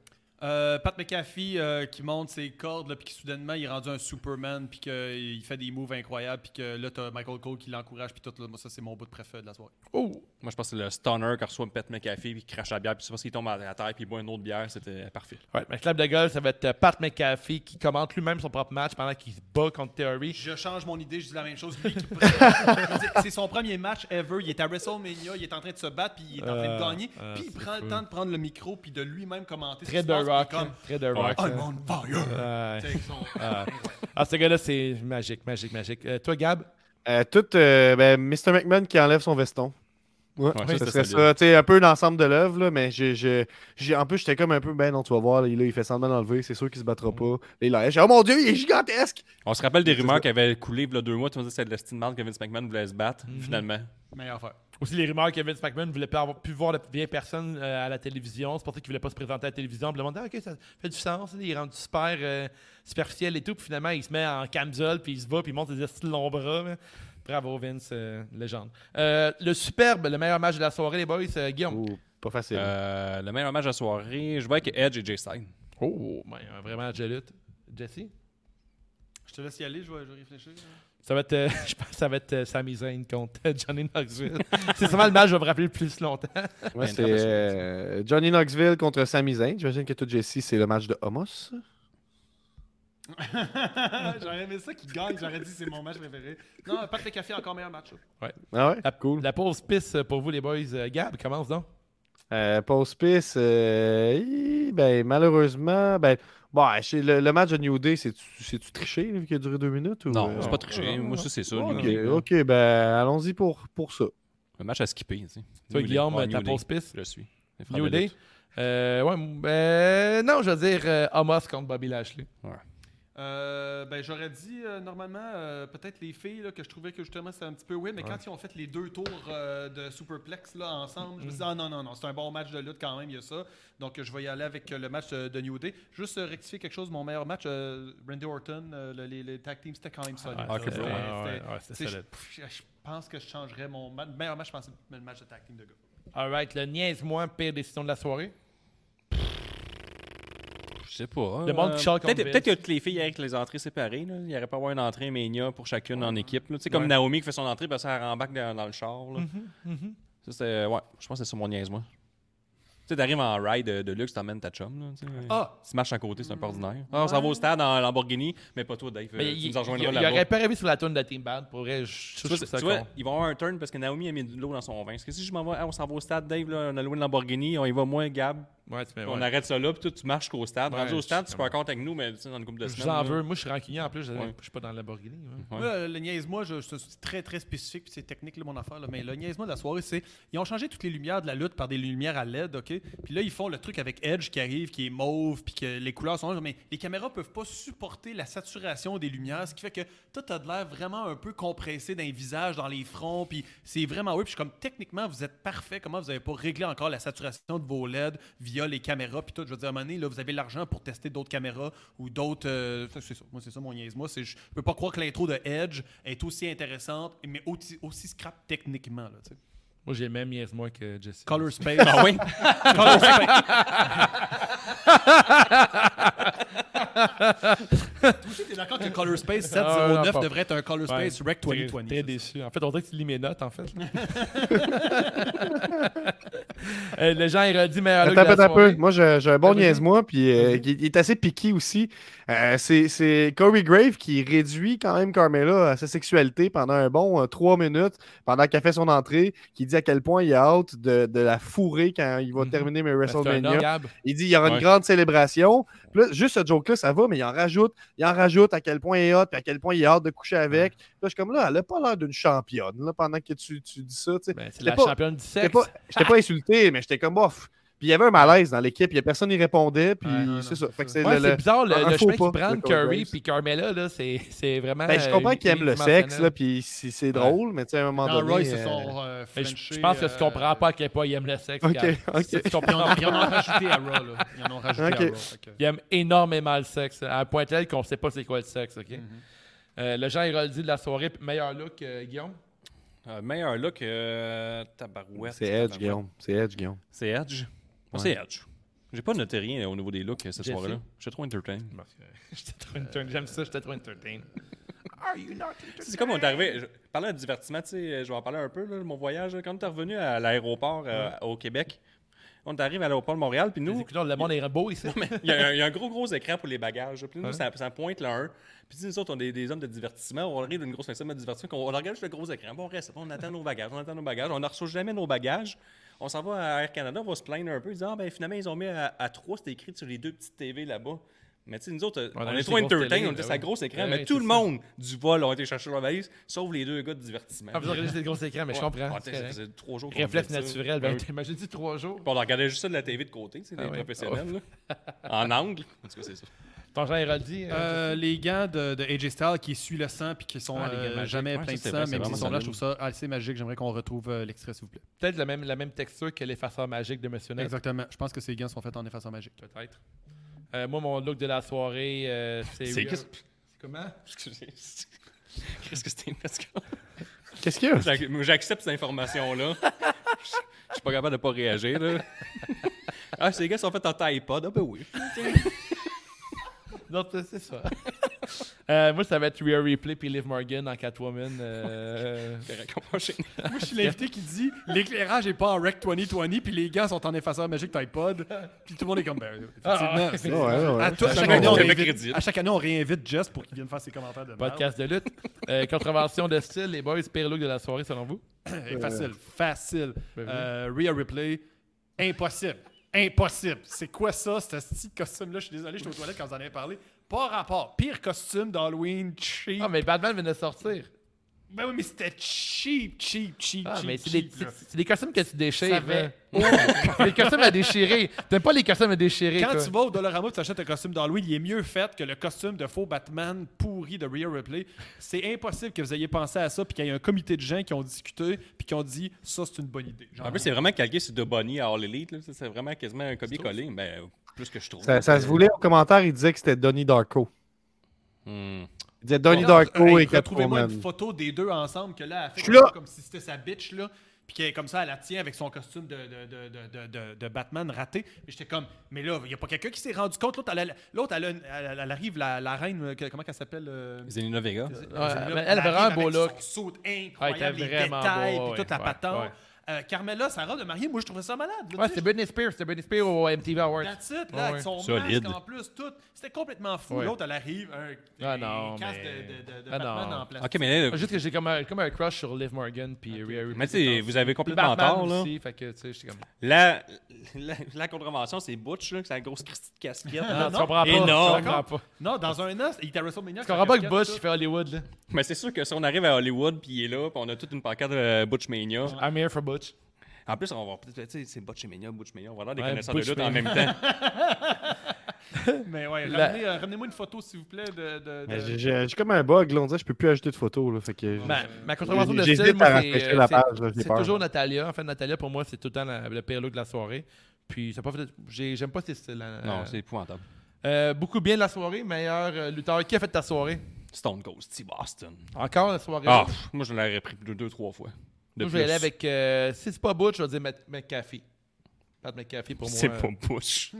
[SPEAKER 4] Euh, Pat McAfee euh, qui monte ses cordes, là, puis qui soudainement il est rendu un Superman, puis qu'il fait des moves incroyables, puis que là t'as Michael Cole qui l'encourage, puis tout. Là, moi, ça, c'est mon bout de préféré de la soirée.
[SPEAKER 3] Oh!
[SPEAKER 5] Moi, je pense que c'est le stunner qui reçoit Pet McAfee, puis qui crache la bière, puis tu vois s'il tombe à la terre, puis il boit une autre bière, c'était parfait.
[SPEAKER 3] Ouais, ma clap de golf, ça va être euh, Pat McAfee qui commente lui-même son propre match pendant qu'il se bat contre Theory.
[SPEAKER 4] Je change mon idée, je dis la même chose. Lui qui- Je veux dire, c'est son premier match ever. Il est à WrestleMania, il est en train de se battre, puis il est en train de gagner. puis il prend le temps de prendre le micro, puis de lui-même commenter. ce
[SPEAKER 3] Très
[SPEAKER 4] qui
[SPEAKER 3] de
[SPEAKER 4] se passe, puis
[SPEAKER 3] rock.
[SPEAKER 4] comme,
[SPEAKER 3] hein, Très de rock.
[SPEAKER 4] I'm on fire.
[SPEAKER 3] hein. Ouais.
[SPEAKER 4] Avec son-
[SPEAKER 3] Ah, ce gars-là, c'est magique, magique, magique. Euh, toi, Gab?
[SPEAKER 6] Euh, tout, euh, ben, Mr. McMahon qui enlève son veston. Ouais,
[SPEAKER 5] ça,
[SPEAKER 6] ce
[SPEAKER 5] c'était
[SPEAKER 6] serait
[SPEAKER 5] solide.
[SPEAKER 6] ça. Tu sais, un peu l'ensemble de l'œuvre, là, mais j'ai, j'ai- j'ai- en plus, j'étais comme un peu, ben non, tu vas voir, là, il, là, il fait semblant d'enlever, c'est sûr qu'il se battra pas. Et là, j'ai, oh mon dieu, il est gigantesque!
[SPEAKER 5] On se rappelle des
[SPEAKER 6] C'est
[SPEAKER 5] rumeurs
[SPEAKER 6] ça.
[SPEAKER 5] qui avaient coulé il y a deux mois, tu me disais que c'était de la Steam que Vince McMahon voulait se battre,
[SPEAKER 3] Mhm.
[SPEAKER 5] finalement.
[SPEAKER 4] Meilleure affaire.
[SPEAKER 3] Aussi, les rumeurs que Vince McMahon ne voulait pas avoir pu voir de vieilles personnes euh, à la télévision. C'est pour ça qu'il voulait pas se présenter à la télévision. Puis le monde dit, Ah, OK, ça fait du sens. Il est rendu super euh, superficiel et tout. Puis finalement, il se met en camisole, puis il se va, puis il monte ses esti de longs bras. mais- Bravo, Vince, euh, légende. Euh, le superbe, le meilleur match de la soirée, les boys, euh, Guillaume.
[SPEAKER 6] Ouh, pas facile.
[SPEAKER 5] Euh, le meilleur match de la soirée, je vois avec Edge et Jay Stein.
[SPEAKER 3] Oh, ben, un vrai match de lutte. Jesse?
[SPEAKER 4] Je te laisse y aller, je vais, je vais réfléchir.
[SPEAKER 3] Ça va être, euh, je pense que ça va être euh, Sami Zayn contre Johnny Knoxville. C'est sûrement le match que je vais me rappeler le plus longtemps.
[SPEAKER 5] ben,
[SPEAKER 6] Moi, c'est
[SPEAKER 5] très facile.
[SPEAKER 6] euh, Johnny Knoxville contre Sami Zayn. J'imagine que tout Jesse, c'est le match de Homos.
[SPEAKER 4] J'aurais aimé ça qu'il gagne, j'aurais dit c'est mon match préféré. Non, Pat McAfee, encore meilleur match.
[SPEAKER 6] Ah ouais?
[SPEAKER 3] La,
[SPEAKER 6] Cool.
[SPEAKER 3] la pause pisse pour vous, les boys. Euh, Gab, commence donc.
[SPEAKER 6] Euh, Post Piss, euh, hi, ben, malheureusement, ben, bon, ouais, chez le, le match de New Day, c'est-tu, c'est-tu triché là, qui a duré deux minutes? Ou,
[SPEAKER 5] Non,
[SPEAKER 6] euh,
[SPEAKER 5] c'est pas triché. Moi, ça, c'est ça. New
[SPEAKER 6] Ok,
[SPEAKER 5] Day, là.
[SPEAKER 6] ok, ben, allons-y pour, pour ça.
[SPEAKER 5] Le match à skipper. Tu sais.
[SPEAKER 3] Toi,
[SPEAKER 5] New Day.
[SPEAKER 3] Guillaume,
[SPEAKER 5] Ah,
[SPEAKER 3] ta
[SPEAKER 5] New Day.
[SPEAKER 3] pause pisse.
[SPEAKER 5] Je suis. Les frères
[SPEAKER 3] New
[SPEAKER 5] de
[SPEAKER 3] Day.
[SPEAKER 5] lutte.
[SPEAKER 3] Euh, ouais, m- euh, non, je veux dire euh, Amos contre Bobby Lashley.
[SPEAKER 4] Euh, ben, j'aurais dit euh, normalement euh, peut-être les filles là, que je trouvais que justement c'était un petit peu weird, mais quand ils ont fait les deux tours euh, de Superplex là, ensemble, je me suis dit
[SPEAKER 5] Mm.
[SPEAKER 4] ah non, non, non, c'est un bon match de lutte quand même, il y a ça. Donc euh, je vais y aller avec euh, le match euh, de New Day. Juste euh, rectifier quelque chose, mon meilleur match, euh, Randy Orton, euh, le- les, les tag teams, c'était quand même solide.
[SPEAKER 5] Ah, ok,
[SPEAKER 4] C'était-
[SPEAKER 5] bro. Ouais,
[SPEAKER 3] c'est
[SPEAKER 4] c'était- c'est- je, pff, je pense que je changerais mon ma- meilleur match, je pense que c'est le match de tag team de gars.
[SPEAKER 3] All right, le niaise-moi, pire décision de la soirée.
[SPEAKER 5] Euh, Je sais pas. hein.
[SPEAKER 3] Le monde qui chante
[SPEAKER 5] Peut-être
[SPEAKER 3] contre
[SPEAKER 5] peut-être que les filles avec les entrées séparées. Là. Il n'y aurait pas avoir une entrée Mania pour chacune en équipe. là. Tu sais, comme Naomi qui fait son entrée, parce ça, elle rembarque dans, dans le char. Là.
[SPEAKER 3] Mm-hmm,
[SPEAKER 5] Ça, c'est. euh, Ouais, je pense que c'est sur mon niaise, moi. Tu sais, t'arrives en ride de, de luxe, t'emmènes ta chum. Là, tu sais.
[SPEAKER 4] Ah!
[SPEAKER 5] Tu marches à côté, c'est un peu ordinaire. Ah, on s'en va au stade en Lamborghini, mais pas toi, Dave. euh,
[SPEAKER 3] Mais
[SPEAKER 5] tu
[SPEAKER 3] il,
[SPEAKER 5] nous rejoindras
[SPEAKER 3] il- il
[SPEAKER 5] là-bas.
[SPEAKER 3] aurait pas rêvé sur la tourne de Team Bad. Pour vrai, je, je
[SPEAKER 5] Tu
[SPEAKER 3] trouve
[SPEAKER 5] vois,
[SPEAKER 3] ça
[SPEAKER 5] tu vois,
[SPEAKER 3] con.
[SPEAKER 5] ils vont avoir un turn parce que Naomi a mis de l'eau dans son vin. Est-ce que si je m'en vais, ah, on s'en va au stade, Dave, là, on a loué une Lamborghini, on y va moins, Gab,
[SPEAKER 3] Ouais, tu fais-
[SPEAKER 5] on
[SPEAKER 3] ouais.
[SPEAKER 5] arrête ça là, puis toi, tu marches qu'au stade.
[SPEAKER 3] Ouais,
[SPEAKER 5] Rendu au stade,
[SPEAKER 3] je-
[SPEAKER 5] tu peux encore avec nous, mais tu sais, dans une couple de
[SPEAKER 3] Je
[SPEAKER 5] semaines.
[SPEAKER 3] vous en
[SPEAKER 5] là.
[SPEAKER 3] veux. Moi, je suis rancunier en plus. Je
[SPEAKER 5] Ouais.
[SPEAKER 3] je suis pas dans la Lamborghini. hein. ouais.
[SPEAKER 5] Ouais.
[SPEAKER 4] Moi, euh, le niaise-moi, je, je suis très, très spécifique, puis c'est technique, là, mon affaire, là, mais le niaise-moi de la soirée, c'est. Ils ont changé toutes les lumières de la lutte par des lumières à LED, OK? Puis là, ils font le truc avec Edge qui arrive, qui est mauve, puis que les couleurs sont. Mais les caméras peuvent pas supporter la saturation des lumières, ce qui fait que toi, t'as de l'air vraiment un peu compressé dans les visages, dans les fronts, puis c'est vraiment oui. Puis je suis comme, techniquement, vous êtes parfait. Comment vous avez pas réglé encore la saturation de vos LED via les caméras, puis tout? Je veux dire, à un moment donné, là, vous avez l'argent pour tester d'autres caméras ou d'autres. euh, ça, c'est ça. Moi, c'est ça mon niaise. Moi, c'est, je peux pas croire que l'intro de Edge est aussi intéressante, mais aussi, aussi scrap techniquement, là, tu sais.
[SPEAKER 3] Moi, j'ai le même niaise-moi que Jesse.
[SPEAKER 4] Color Space.
[SPEAKER 5] Ah oui?
[SPEAKER 4] Color Space. Touché, t'es d'accord que Color Space
[SPEAKER 3] Ah, non,
[SPEAKER 4] 709
[SPEAKER 3] pas-
[SPEAKER 4] devrait être un Color
[SPEAKER 3] Ouais.
[SPEAKER 4] Space Rec
[SPEAKER 3] T'es-
[SPEAKER 4] 2020.
[SPEAKER 3] T'es
[SPEAKER 4] c'est
[SPEAKER 3] déçu. En fait, on dirait que tu lis mes notes, en fait. Euh, le gens, il redit meilleur look
[SPEAKER 6] Attends,
[SPEAKER 3] de la
[SPEAKER 6] attends un peu.
[SPEAKER 3] soirée.
[SPEAKER 6] Moi, j'ai, j'ai un bon
[SPEAKER 3] Vas-y.
[SPEAKER 6] niaise-moi, puis euh, il, il est assez piqué aussi. Euh, c'est, c'est Corey Grave qui réduit quand même Carmela à sa sexualité pendant un bon euh, trois minutes, pendant qu'elle fait son entrée, qui dit à quel point il a hâte de, de la fourrer quand il va
[SPEAKER 3] Mhm.
[SPEAKER 6] terminer mes
[SPEAKER 3] Ben, c'est un
[SPEAKER 6] WrestleMania.
[SPEAKER 3] homme, Gab.
[SPEAKER 6] Il dit il y aura
[SPEAKER 5] Ouais.
[SPEAKER 6] une grande célébration. Puis là, juste ce joke-là, ça va, mais il en rajoute. Il en rajoute à quel point il est hot, puis à quel point il est hâte de coucher avec. Puis Là, je suis comme là, elle a pas l'air d'une championne là, pendant que tu, tu dis ça. tu sais.
[SPEAKER 3] Ben, c'est
[SPEAKER 6] J'étais
[SPEAKER 3] la
[SPEAKER 6] pas-
[SPEAKER 3] championne du
[SPEAKER 6] J'étais
[SPEAKER 3] sexe.
[SPEAKER 6] pas, j'étais pas insulté, mais j'étais comme bof. Puis il y avait un malaise dans l'équipe, il y a personne qui répondait, puis
[SPEAKER 8] Ouais, non, non,
[SPEAKER 6] c'est ça.
[SPEAKER 8] c'est
[SPEAKER 6] Fait que
[SPEAKER 8] ça.
[SPEAKER 6] c'est
[SPEAKER 3] Ouais,
[SPEAKER 6] le-
[SPEAKER 3] c'est
[SPEAKER 6] le-
[SPEAKER 3] bizarre, le,
[SPEAKER 6] un
[SPEAKER 3] le
[SPEAKER 6] faux
[SPEAKER 3] chemin
[SPEAKER 6] pas
[SPEAKER 3] qu'ils prennent,
[SPEAKER 6] de Corey
[SPEAKER 3] Curry
[SPEAKER 6] Graves.
[SPEAKER 3] puis Carmela, là, c'est, c'est vraiment.
[SPEAKER 6] Ben, je comprends
[SPEAKER 3] euh,
[SPEAKER 6] qu'ils aiment le sexe, là,
[SPEAKER 3] unidimensionnel.
[SPEAKER 6] puis c'est c'est drôle, mais tu sais, à un moment
[SPEAKER 8] Dans
[SPEAKER 6] donné.
[SPEAKER 8] Ah, Roy, c'est
[SPEAKER 6] euh,
[SPEAKER 8] son. euh,
[SPEAKER 3] Mais Ben, je,
[SPEAKER 8] Frenchie,
[SPEAKER 3] je pense que tu
[SPEAKER 8] euh,
[SPEAKER 3] comprends pas à quel point ils aiment le sexe.
[SPEAKER 6] Ok,
[SPEAKER 3] Gab.
[SPEAKER 6] ok.
[SPEAKER 3] Si tu
[SPEAKER 8] Ils en,
[SPEAKER 3] comprends
[SPEAKER 8] ils en ont rajouté à Raw, là. Ils en ont rajouté
[SPEAKER 6] Ok.
[SPEAKER 8] à Raw. fait que-
[SPEAKER 3] Ils aiment énormément le sexe, à un point tel qu'on sait pas c'est quoi le sexe, OK?
[SPEAKER 6] Mm-hmm.
[SPEAKER 3] Euh, le Jean Héroldi de la soirée, meilleur look, euh, Guillaume.
[SPEAKER 5] Euh, meilleur look, euh, tabarouette.
[SPEAKER 6] C'est Edge,
[SPEAKER 5] tabarouette.
[SPEAKER 6] Guillaume. C'est Edge, Guillaume.
[SPEAKER 5] C'est Edge. Moi, c'est Edge. J'ai pas noté rien au niveau des looks euh, ce
[SPEAKER 3] Jesse?
[SPEAKER 5] soir-là. J'étais trop entertain.
[SPEAKER 3] J'étais trop entertain. J'aime ça, j'étais trop entertain. Are you not entertain?
[SPEAKER 5] C'est comme on est arrivé. Je, parlant de divertissement, tu sais, je vais en parler un peu, là, mon voyage. là, Quand t'es revenu à l'aéroport euh, au Québec, on t'arrive à l'aéroport de Montréal, puis
[SPEAKER 3] Les
[SPEAKER 5] nous,
[SPEAKER 3] écouteurs, le monde est beau ici.
[SPEAKER 5] il y, a un- il y a un gros, gros écran pour les bagages. là. Puis nous, ça, ça pointe là un. Puis nous autres, on est des hommes de divertissement. On arrive d'une grosse semaine de divertissement. qu'on- On, regarde juste le gros écran. Bon, on reste. On attend nos bagages. On attend nos bagages. On ne reçoit jamais nos bagages. On s'en va à Air Canada. On va se plaindre un peu. Ils disent Ah, ben finalement, ils ont mis à, à 3. C'était écrit sur les deux petites TV là-bas. Mais tu sais, nous autres, euh,
[SPEAKER 3] On
[SPEAKER 5] on,
[SPEAKER 3] a
[SPEAKER 5] est
[SPEAKER 3] juste
[SPEAKER 5] trop
[SPEAKER 3] les grosses
[SPEAKER 5] entertain.
[SPEAKER 3] télés,
[SPEAKER 5] On était
[SPEAKER 3] ben
[SPEAKER 5] sur
[SPEAKER 3] oui.
[SPEAKER 5] un gros écran.
[SPEAKER 3] Ben
[SPEAKER 5] mais
[SPEAKER 3] oui,
[SPEAKER 5] tout
[SPEAKER 3] c'est
[SPEAKER 5] le
[SPEAKER 3] ça.
[SPEAKER 5] monde du vol ont été chercher leur valise, sauf les deux gars de divertissement.
[SPEAKER 3] Ah, vous regardez des gros écrans, mais je comprends.
[SPEAKER 5] Ah, tu sais, ça
[SPEAKER 3] c'est
[SPEAKER 5] faisait trois jours qu'on
[SPEAKER 3] Réflexe
[SPEAKER 5] faisait ça.
[SPEAKER 3] naturel.
[SPEAKER 5] Ben
[SPEAKER 3] Ben,
[SPEAKER 5] oui.
[SPEAKER 3] t'imagines, dit trois jours.
[SPEAKER 5] Puis on regardait juste ça de la TV de côté, tu sais, les
[SPEAKER 3] oui.
[SPEAKER 5] professionnels, là. en angle. En tout cas, c'est ça.
[SPEAKER 3] Ton Jean Héroldi. euh,
[SPEAKER 8] Euh, les gants de, de AJ Styles qui suent le sang puis qui sont
[SPEAKER 5] Ah, les gants
[SPEAKER 8] euh,
[SPEAKER 5] magiques.
[SPEAKER 8] jamais
[SPEAKER 5] Ouais,
[SPEAKER 8] pleins de
[SPEAKER 5] ça, c'est
[SPEAKER 8] sang,
[SPEAKER 5] vrai, c'est
[SPEAKER 8] mais qui
[SPEAKER 5] vraiment
[SPEAKER 8] sont là, je
[SPEAKER 5] solide.
[SPEAKER 8] trouve ça assez magique. J'aimerais qu'on retrouve euh, l'extrait, s'il vous plaît.
[SPEAKER 3] Peut-être la même, la même texture que l'effaceur magique de Monsieur Net.
[SPEAKER 8] Exactement. Je pense que ces gants sont faits en effaceur magique.
[SPEAKER 3] Peut-être. Euh, moi, mon look de la soirée, euh, c'est.
[SPEAKER 5] C'est-
[SPEAKER 3] Real-
[SPEAKER 5] qu'est-ce-
[SPEAKER 3] comment
[SPEAKER 5] Excusez. Qu'est-ce que c'était une mascotte?
[SPEAKER 6] Qu'est-ce qu'il y a?
[SPEAKER 5] J'ac- moi, J'accepte cette information-là. Je- Je suis pas capable de pas réagir, là. Ah, ces gars sont faits en taille pod. Ah, ben oui.
[SPEAKER 3] Non, c'est c'est ça. Euh, moi, ça va être Rhea Ripley puis Liv Morgan en Catwoman. euh,
[SPEAKER 5] Correct, on va enchaîner.
[SPEAKER 8] Moi, je suis l'invité qui dit l'éclairage est pas en Rec 2020 puis les gants sont en effaceur magique iPod. Puis tout le monde est comme ben,
[SPEAKER 3] Ah,
[SPEAKER 8] effectivement.
[SPEAKER 3] ah,
[SPEAKER 8] c'est-
[SPEAKER 6] Ouais, ouais, ouais.
[SPEAKER 8] À, tout- à chaque
[SPEAKER 5] fait
[SPEAKER 8] année, on
[SPEAKER 5] qu'on avait
[SPEAKER 8] réinvite,
[SPEAKER 5] crédit.
[SPEAKER 8] à chaque année, on réinvite Jess pour qu'il vienne faire ses commentaires de merde.
[SPEAKER 3] podcast de lutte. Euh, contravention de style, les boys, pire look de la soirée selon vous
[SPEAKER 8] Eh, Facile, facile.
[SPEAKER 3] Euh. Ben oui.
[SPEAKER 8] Euh, Rhea Ripley, impossible. Impossible. C'est quoi ça, ce petit costume-là? Je suis désolé, j'étais aux toilettes quand vous en avez parlé. Pas rapport. Pire costume d'Halloween, cheap.
[SPEAKER 3] Ah, mais Batman venait de sortir.
[SPEAKER 8] Ben oui, mais c'était cheap, cheap, cheap,
[SPEAKER 3] Ah,
[SPEAKER 8] cheap.
[SPEAKER 3] mais c'est des,
[SPEAKER 8] cheap,
[SPEAKER 3] c'est-
[SPEAKER 8] là.
[SPEAKER 3] c'est des costumes que tu
[SPEAKER 8] Ça
[SPEAKER 3] déchires.
[SPEAKER 8] avait-
[SPEAKER 3] hein. C'est des costumes à déchirer. T'aimes pas les costumes à déchirer.
[SPEAKER 8] Quand
[SPEAKER 3] toi.
[SPEAKER 8] tu vas au Dollarama et tu achètes un costume d'Halloween, il est mieux fait que le costume de faux Batman pourri de Rhea Ripley. C'est impossible que vous ayez pensé à ça puis qu'il y ait un comité de gens qui ont discuté puis qui ont dit « ça, c'est une bonne idée ».
[SPEAKER 4] Ah.
[SPEAKER 8] Genre,
[SPEAKER 3] Ah,
[SPEAKER 5] En plus, c'est vraiment calqué sur The Bunny à All Elite. là. Ça, C'est vraiment quasiment un copier-coller. Ben, euh, plus que je trouve.
[SPEAKER 6] Ça, ça se voulait au commentaire, il disait que c'était Donnie Darko.
[SPEAKER 5] Hmm.
[SPEAKER 6] Il disait Donnie
[SPEAKER 8] Hey,
[SPEAKER 6] Darko et
[SPEAKER 8] Retrouvez-moi
[SPEAKER 6] Catwoman.
[SPEAKER 8] une photo des deux ensemble que là, elle fait
[SPEAKER 6] Je suis
[SPEAKER 8] comme,
[SPEAKER 6] là.
[SPEAKER 8] comme si c'était sa bitch, là. Puis qu'elle est comme ça, elle la tient avec son costume de, de, de, de, de- de, de Batman raté. Mais j'étais comme, mais là, il n'y a pas quelqu'un qui s'est rendu compte. L'autre, elle, a- l'autre, elle, a une- elle- elle arrive, la, la reine, euh, que- comment qu'elle s'appelle euh,
[SPEAKER 5] Zelina Vega.
[SPEAKER 3] mais Euh, elle avait
[SPEAKER 8] arrive
[SPEAKER 3] un beau
[SPEAKER 8] avec
[SPEAKER 3] look.
[SPEAKER 8] Son saut
[SPEAKER 3] Ah, elle
[SPEAKER 8] incroyable,
[SPEAKER 3] était
[SPEAKER 8] les
[SPEAKER 3] vraiment
[SPEAKER 8] détails,
[SPEAKER 3] beau,
[SPEAKER 8] puis
[SPEAKER 3] ouais,
[SPEAKER 8] toute la
[SPEAKER 3] ouais,
[SPEAKER 8] patente.
[SPEAKER 3] ouais.
[SPEAKER 8] Euh, Carmela, sa robe de mariée, moi, je trouvais ça malade. là,
[SPEAKER 3] Ouais, c'était
[SPEAKER 8] tu sais,
[SPEAKER 3] Britney Spears. C'était Britney Spears au MTV Awards.
[SPEAKER 8] That's it, là,
[SPEAKER 3] Ouais,
[SPEAKER 8] avec son
[SPEAKER 5] Solide.
[SPEAKER 8] masque en plus, tout. C'était complètement fou.
[SPEAKER 3] Ouais.
[SPEAKER 8] L'autre, elle arrive, un,
[SPEAKER 3] Ah
[SPEAKER 8] un
[SPEAKER 3] non,
[SPEAKER 8] casque
[SPEAKER 3] mais-
[SPEAKER 8] de, de, de, de
[SPEAKER 3] Ah
[SPEAKER 8] Batman
[SPEAKER 3] non.
[SPEAKER 8] en plastique.
[SPEAKER 5] Ok, mais là,
[SPEAKER 3] Ah, Juste que j'ai comme un, comme un crush sur Liv Morgan puis Rhea Ripley.
[SPEAKER 5] mais tu sais, vous avez
[SPEAKER 3] Puis
[SPEAKER 5] complètement
[SPEAKER 3] Batman
[SPEAKER 5] tort, là.
[SPEAKER 3] aussi, fait que, tu sais, j'étais comme...
[SPEAKER 5] La, la, la contravention, c'est Butch, là, que c'est la grosse Christie de casquette.
[SPEAKER 8] Ah,
[SPEAKER 3] tu
[SPEAKER 8] non.
[SPEAKER 3] comprends pas.
[SPEAKER 5] Énorme.
[SPEAKER 3] Tu comprends pas.
[SPEAKER 8] Non, dans un an, il était à WrestleMania.
[SPEAKER 3] Tu comprends pas que Bush, il fait Hollywood, là.
[SPEAKER 5] Mais c'est sûr que si on arrive à Hollywood, puis il est là, puis on a toute une pancarte de Butchmania.
[SPEAKER 3] I'm here for Butch.
[SPEAKER 5] En plus, on va avoir peut-être, tu sais, c'est Butchmania, Butchmania, on va avoir des
[SPEAKER 3] Ouais,
[SPEAKER 5] connaisseurs de lutte en
[SPEAKER 3] Butchmania.
[SPEAKER 5] même temps.
[SPEAKER 8] Mais ouais,
[SPEAKER 3] La-
[SPEAKER 8] ramenez, euh, ramenez-moi une photo, s'il vous plaît, de... de,
[SPEAKER 6] Mais
[SPEAKER 8] de-
[SPEAKER 6] j'ai- J'ai j'ai comme un bug, là, on dirait que je peux plus ajouter de photos. Là, fait que
[SPEAKER 5] Euh,
[SPEAKER 3] Ben, ma contravention de
[SPEAKER 6] J'hésite
[SPEAKER 3] style, moi,
[SPEAKER 6] à
[SPEAKER 3] c'est,
[SPEAKER 6] rafraîchir
[SPEAKER 3] euh,
[SPEAKER 6] la
[SPEAKER 3] c'est-
[SPEAKER 6] page, là, j'ai
[SPEAKER 3] c'est
[SPEAKER 6] peur.
[SPEAKER 3] toujours Natalia. En fait, Natalia, pour moi, c'est tout le temps la- le pire look de la soirée. Puis, c'est pas fait- j'ai- j'aime pas ces styles. hein.
[SPEAKER 5] Non, c'est épouvantable.
[SPEAKER 3] Euh, beaucoup bien de la soirée. Meilleur euh, lutteur. Qui a fait ta soirée?
[SPEAKER 5] Stone Cold Steve Austin.
[SPEAKER 3] Encore la soirée.
[SPEAKER 5] Ah, pff, moi, je l'aurais pris deux, deux, trois fois. De
[SPEAKER 3] moi, je vais aller
[SPEAKER 5] plus.
[SPEAKER 3] avec... euh, si c'est pas Butch, je vais dire Matt McAfee. Pat McAfee, pour moi.
[SPEAKER 5] C'est
[SPEAKER 3] euh,
[SPEAKER 5] pas Butch.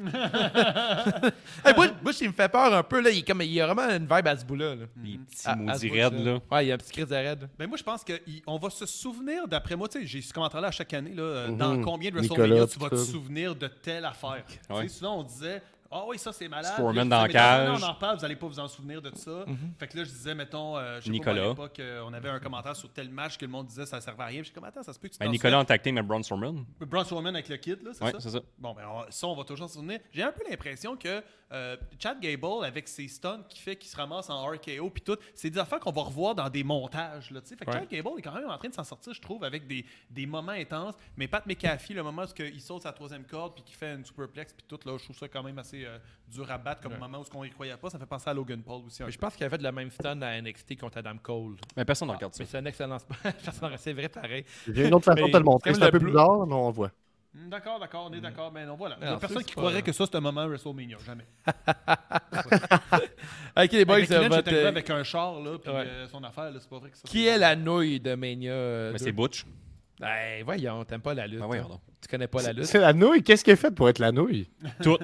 [SPEAKER 3] Hey, Butch, Butch, il me fait peur un peu. Là. Il, est comme, il a vraiment une vibe à ce bout-là. là.
[SPEAKER 5] Les petits
[SPEAKER 3] À- à ce
[SPEAKER 5] maudits
[SPEAKER 3] bout-là.
[SPEAKER 5] raides, là.
[SPEAKER 3] Ouais, il y a un petit crise de raide.
[SPEAKER 8] Ben moi, je pense qu'on va se souvenir, d'après moi, tu sais, j'ai ce commentaire-là à chaque année, là, euh, dans
[SPEAKER 6] Mhm.
[SPEAKER 8] combien de
[SPEAKER 6] Nicolas,
[SPEAKER 8] WrestleMania tu vas
[SPEAKER 6] tout
[SPEAKER 8] te
[SPEAKER 6] ça.
[SPEAKER 8] souvenir de telle affaire. Tu sais,
[SPEAKER 5] Ouais.
[SPEAKER 8] Souvent, on disait,
[SPEAKER 4] Ah oui, ça c'est malade.
[SPEAKER 5] Foreman
[SPEAKER 4] Là, je disais,
[SPEAKER 5] dans
[SPEAKER 4] mais
[SPEAKER 5] cage.
[SPEAKER 4] non, On en reparle, vous allez pas vous en souvenir de ça.
[SPEAKER 3] Mhm.
[SPEAKER 4] Fait que là, je disais, mettons, euh, je sais pas,
[SPEAKER 5] Nicolas.
[SPEAKER 4] moi, à l'époque, euh, on avait un commentaire sur tel match que le monde disait ça servait à rien. Puis J'ai comme, attends, ça se peut que tu
[SPEAKER 5] Ben,
[SPEAKER 4] t'en
[SPEAKER 5] Nicolas en tag team à Braun Strowman.
[SPEAKER 4] souviens. Braun Strowman avec le kid, là, c'est
[SPEAKER 5] Ouais,
[SPEAKER 4] ça?
[SPEAKER 5] c'est ça.
[SPEAKER 4] Bon, ben, on- ça, on va toujours s'en souvenir. J'ai un peu l'impression que euh, Chad Gable, avec ses stuns qui fait qu'il se ramasse en RKO puis tout, c'est des affaires qu'on va revoir dans des montages. Là, tu sais. fait que
[SPEAKER 5] Ouais.
[SPEAKER 4] Chad Gable est quand même en train de s'en sortir, je trouve, avec des, des moments intenses. Mais Pat McAfee, le moment où il saute sa troisième corde puis qu'il fait une superplex puis tout, là, je trouve ça quand même assez euh, dur à battre comme moment où on y croyait pas. Ça fait penser à Logan Paul aussi. un
[SPEAKER 3] Mais
[SPEAKER 4] peu.
[SPEAKER 3] je pense qu'il y avait de la même stun à NXT contre Adam Cole.
[SPEAKER 5] Mais personne ne regarde ça.
[SPEAKER 3] Ah, Mais c'est un excellent spot. Personne n'aurait- c'est vrai pareil.
[SPEAKER 6] J'ai une autre façon de te le montrer.
[SPEAKER 3] comme
[SPEAKER 6] C'est
[SPEAKER 3] le
[SPEAKER 6] un peu
[SPEAKER 3] bleu-
[SPEAKER 6] bizarre, mais on le voit.
[SPEAKER 4] Mm, D'accord, d'accord, on est d'accord, mais non, voilà. Il y a
[SPEAKER 3] Non,
[SPEAKER 4] personne
[SPEAKER 3] c'est
[SPEAKER 4] qui
[SPEAKER 3] pas-
[SPEAKER 4] croirait que ça, c'est un moment à WrestleMania. Jamais.
[SPEAKER 3] Ok les boys,
[SPEAKER 4] Avec Lynch,
[SPEAKER 3] euh,
[SPEAKER 4] est
[SPEAKER 3] votre,
[SPEAKER 4] arrivé
[SPEAKER 3] euh,
[SPEAKER 4] avec un char, là, puis
[SPEAKER 3] Ouais.
[SPEAKER 4] euh, son affaire, là, c'est pas vrai que ça.
[SPEAKER 3] qui
[SPEAKER 4] c'est-
[SPEAKER 3] est la nouille de Mania euh,
[SPEAKER 5] Mais
[SPEAKER 3] deux?
[SPEAKER 5] c'est Butch.
[SPEAKER 3] Ben voyons, t'aimes pas la lutte.
[SPEAKER 5] Ben voyons
[SPEAKER 3] hein.
[SPEAKER 5] donc.
[SPEAKER 3] Tu connais pas la lutte.
[SPEAKER 6] C'est la nouille. Qu'est-ce qu'elle est faite pour être la nouille?
[SPEAKER 5] Tout.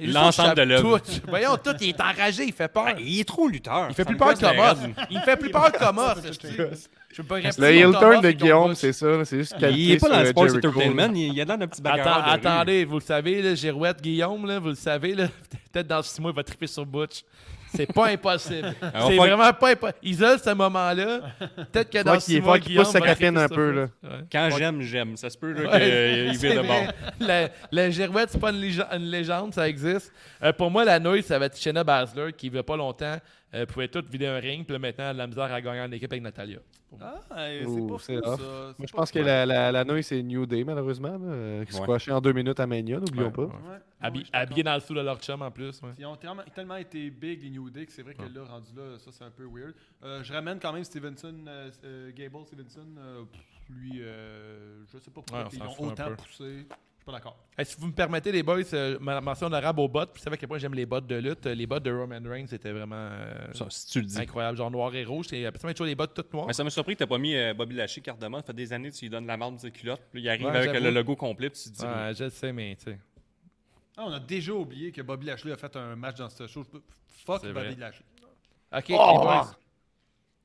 [SPEAKER 5] L'ensemble de Ben, l'œuvre.
[SPEAKER 3] Tout. Voyons, tout, il est enragé, il fait peur.
[SPEAKER 5] il est trop lutteur.
[SPEAKER 3] Il fait plus peur que Thomas. Il me fait plus peur que Thomas.
[SPEAKER 6] Le
[SPEAKER 3] Je peux répondre
[SPEAKER 6] heel
[SPEAKER 3] Thomas,
[SPEAKER 6] turn de
[SPEAKER 3] c'est qu'on
[SPEAKER 6] Guillaume,
[SPEAKER 3] va-
[SPEAKER 6] c'est ça. C'est juste
[SPEAKER 5] Il est
[SPEAKER 6] calqué
[SPEAKER 5] pas dans
[SPEAKER 6] sur,
[SPEAKER 5] le
[SPEAKER 6] euh,
[SPEAKER 5] sports
[SPEAKER 6] Jericho.
[SPEAKER 5] entertainment. Il il a l'air d'un petit bagarreur.
[SPEAKER 3] Attends-
[SPEAKER 5] de rue.
[SPEAKER 3] attendez, vous le savez, là, Girouette, Guillaume, là, vous le savez, là, peut-être dans six mois, il va triper sur Butch. C'est pas impossible.
[SPEAKER 5] Alors,
[SPEAKER 3] c'est
[SPEAKER 5] faut-
[SPEAKER 3] vraiment pas impossible. Isole ce moment-là. Peut-être que dans
[SPEAKER 6] Faut
[SPEAKER 3] six
[SPEAKER 6] qu'il
[SPEAKER 3] mois,
[SPEAKER 6] faut qu'il
[SPEAKER 3] Guillaume
[SPEAKER 6] pousse sa
[SPEAKER 3] va
[SPEAKER 6] capine
[SPEAKER 3] triper
[SPEAKER 6] un
[SPEAKER 3] sur
[SPEAKER 6] peu. là.
[SPEAKER 3] Butch. Ouais.
[SPEAKER 5] Quand j'aime, j'aime. Ça se peut là,
[SPEAKER 3] Ouais,
[SPEAKER 5] qu'il euh,
[SPEAKER 3] c'est
[SPEAKER 5] vire de
[SPEAKER 3] vrai.
[SPEAKER 5] bord.
[SPEAKER 3] La, la girouette, c'est pas une, lége- une légende, ça existe. Euh, pour moi, la nouille, ça va être Shayna Baszler qui, il y a pas longtemps, euh, pouvait tout vider un ring, puis là, maintenant, elle a de la misère à gagner en équipe avec Natalia.
[SPEAKER 4] Ah, euh,
[SPEAKER 6] Ouh,
[SPEAKER 4] c'est
[SPEAKER 6] c'est
[SPEAKER 4] pas fou,
[SPEAKER 6] rough.
[SPEAKER 4] ça.
[SPEAKER 6] Moi, je pense que la, la, la nouille, c'est New Day, malheureusement. là, euh, Qui se
[SPEAKER 5] Ouais.
[SPEAKER 6] crashait en deux minutes à Mania, n'oublions pas.
[SPEAKER 4] Ah
[SPEAKER 3] Habillée dans le sous de leur chum en plus. ouais.
[SPEAKER 4] Ils ont tellement, tellement été big, les New Day, que c'est vrai que là, rendu là, ça, c'est un peu weird. Euh, je ramène quand même Stevenson, euh, euh, Gable Stevenson. euh, pff, lui, euh, je sais pas pourquoi
[SPEAKER 3] Ouais, on
[SPEAKER 4] ils
[SPEAKER 3] s'en
[SPEAKER 4] l'ont
[SPEAKER 3] fout un
[SPEAKER 4] autant
[SPEAKER 3] peu.
[SPEAKER 4] poussé. Je suis pas d'accord.
[SPEAKER 3] Hey, si vous me permettez, les boys, euh, ma mention honorable aux bottes. Vous savez à quel point j'aime les bottes de lutte. Euh, Les bottes de Roman Reigns, c'était vraiment euh,
[SPEAKER 5] Ça, Si tu le dis.
[SPEAKER 3] incroyable. Genre noir et rouge. C'est absolument toujours des bottes toutes noires.
[SPEAKER 5] Mais ça m'a surpris que t'as pas mis euh, Bobby Lashley, carte de monde. Ça fait des années que tu lui donnes la marde de ses culottes. Puis il arrive
[SPEAKER 3] Ouais,
[SPEAKER 5] avec
[SPEAKER 3] j'avoue.
[SPEAKER 5] le logo complet. Puis tu te dis.
[SPEAKER 3] Ouais, je le sais, mais tu sais.
[SPEAKER 4] Ah, on a déjà oublié que Bobby Lashley a fait un match dans ce show. Je peux- Fuck
[SPEAKER 3] C'est
[SPEAKER 4] Bobby
[SPEAKER 3] vrai.
[SPEAKER 4] Lashley.
[SPEAKER 3] Ok,
[SPEAKER 4] Oh!
[SPEAKER 3] les boys.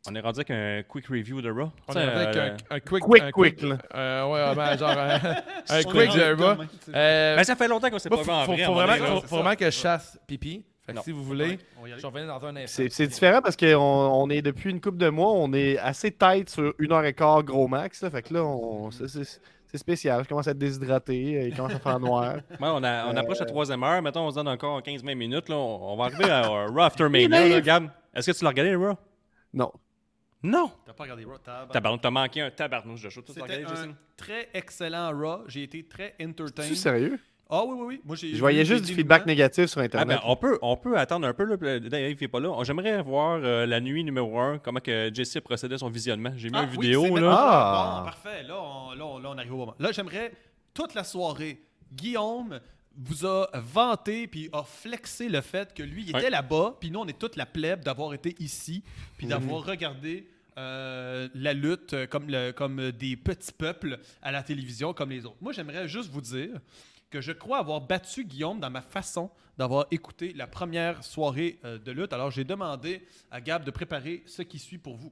[SPEAKER 5] On est rendu avec un quick review de Raw.
[SPEAKER 3] On
[SPEAKER 5] Tu sais,
[SPEAKER 3] est avec
[SPEAKER 5] euh,
[SPEAKER 3] un, un quick.
[SPEAKER 6] Quick,
[SPEAKER 3] un
[SPEAKER 6] quick, là.
[SPEAKER 3] Euh, ouais, ben, genre un, un
[SPEAKER 4] On
[SPEAKER 3] quick
[SPEAKER 4] est
[SPEAKER 3] de
[SPEAKER 4] rendu
[SPEAKER 3] Raw.
[SPEAKER 4] demain, tu sais.
[SPEAKER 3] Euh,
[SPEAKER 5] Ben, ça fait longtemps qu'on s'est
[SPEAKER 3] Moi,
[SPEAKER 5] pas vu
[SPEAKER 3] faut,
[SPEAKER 5] en
[SPEAKER 3] faut-
[SPEAKER 5] vrai. à
[SPEAKER 3] faut
[SPEAKER 5] un moment
[SPEAKER 3] vraiment,
[SPEAKER 5] donné,
[SPEAKER 3] faut-
[SPEAKER 5] là.
[SPEAKER 3] faut vraiment que je chasse pipi. Fait que
[SPEAKER 5] Non.
[SPEAKER 3] si vous voulez,
[SPEAKER 4] On va y aller.
[SPEAKER 3] je reviens dans un instant.
[SPEAKER 6] C'est c'est différent parce qu'on on est depuis une couple de mois, on est assez tight sur une heure et quart gros max. là. fait que là, on- c'est- c'est c'est spécial. Je commence à être déshydraté, euh, il commence à faire noir.
[SPEAKER 5] Ouais, on, a- on
[SPEAKER 3] Euh.
[SPEAKER 5] approche la troisième heure. Mettons, on se donne encore 15-20 minutes. Là. On, on va arriver à euh, Raw After Mania. là, Gab. Est-ce que tu l'as regardé, Raw?
[SPEAKER 6] Non.
[SPEAKER 5] Non.
[SPEAKER 4] T'as pas regardé Raw, tabarnak.
[SPEAKER 5] Tabarnouche, t'as manqué un tabarnouche de show. Tu l'as
[SPEAKER 4] C'était
[SPEAKER 5] regardé,
[SPEAKER 4] un
[SPEAKER 5] Jason?
[SPEAKER 4] très excellent Raw. J'ai été très
[SPEAKER 6] Tu
[SPEAKER 4] entertained.
[SPEAKER 6] sérieux?
[SPEAKER 4] Ah oui, oui, oui. Moi, j'ai
[SPEAKER 6] Je voyais
[SPEAKER 4] vu
[SPEAKER 6] juste
[SPEAKER 4] des
[SPEAKER 6] du feedback
[SPEAKER 4] dénouements.
[SPEAKER 6] négatif
[SPEAKER 5] Ah,
[SPEAKER 6] sur
[SPEAKER 5] ben,
[SPEAKER 6] Internet.
[SPEAKER 5] on, peut, on peut attendre un peu. Là, puis, euh, Dave n'est pas là. On- J'aimerais voir euh, la nuit numéro 1, comment que Jesse procédait son visionnement. J'ai mis
[SPEAKER 4] Ah,
[SPEAKER 5] une
[SPEAKER 4] oui,
[SPEAKER 5] vidéo.
[SPEAKER 4] c'est
[SPEAKER 5] là.
[SPEAKER 4] maintenant.
[SPEAKER 6] Ah.
[SPEAKER 4] Bon, parfait. Là on, là, on- là, on arrive au moment. Là, j'aimerais toute la soirée, Guillaume vous a vanté puis a flexé le fait que lui, il était
[SPEAKER 5] Ouais.
[SPEAKER 4] là-bas, puis nous, on est toute la plèbe d'avoir été ici, puis d'avoir regardé euh, la lutte euh, comme, le- comme des petits peuples à la télévision comme les autres. Moi, j'aimerais juste vous dire que je crois avoir battu Guillaume dans ma façon d'avoir écouté la première soirée euh, de lutte. Alors, j'ai demandé à Gab de préparer ce qui suit pour vous.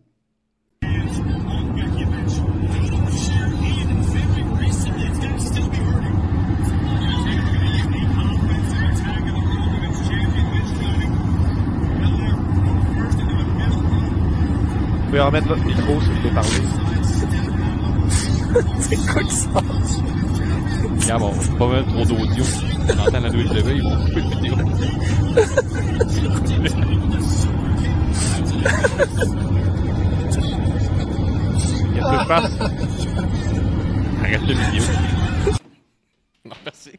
[SPEAKER 6] Vous pouvez remettre votre micro si vous voulez parler.
[SPEAKER 5] Regarde, on va pas mettre trop d'audio. On entend la douille levée, ils vont couper la vidéo.
[SPEAKER 6] Qu'est-ce que je passe?
[SPEAKER 5] Arrête la vidéo. Non, merci.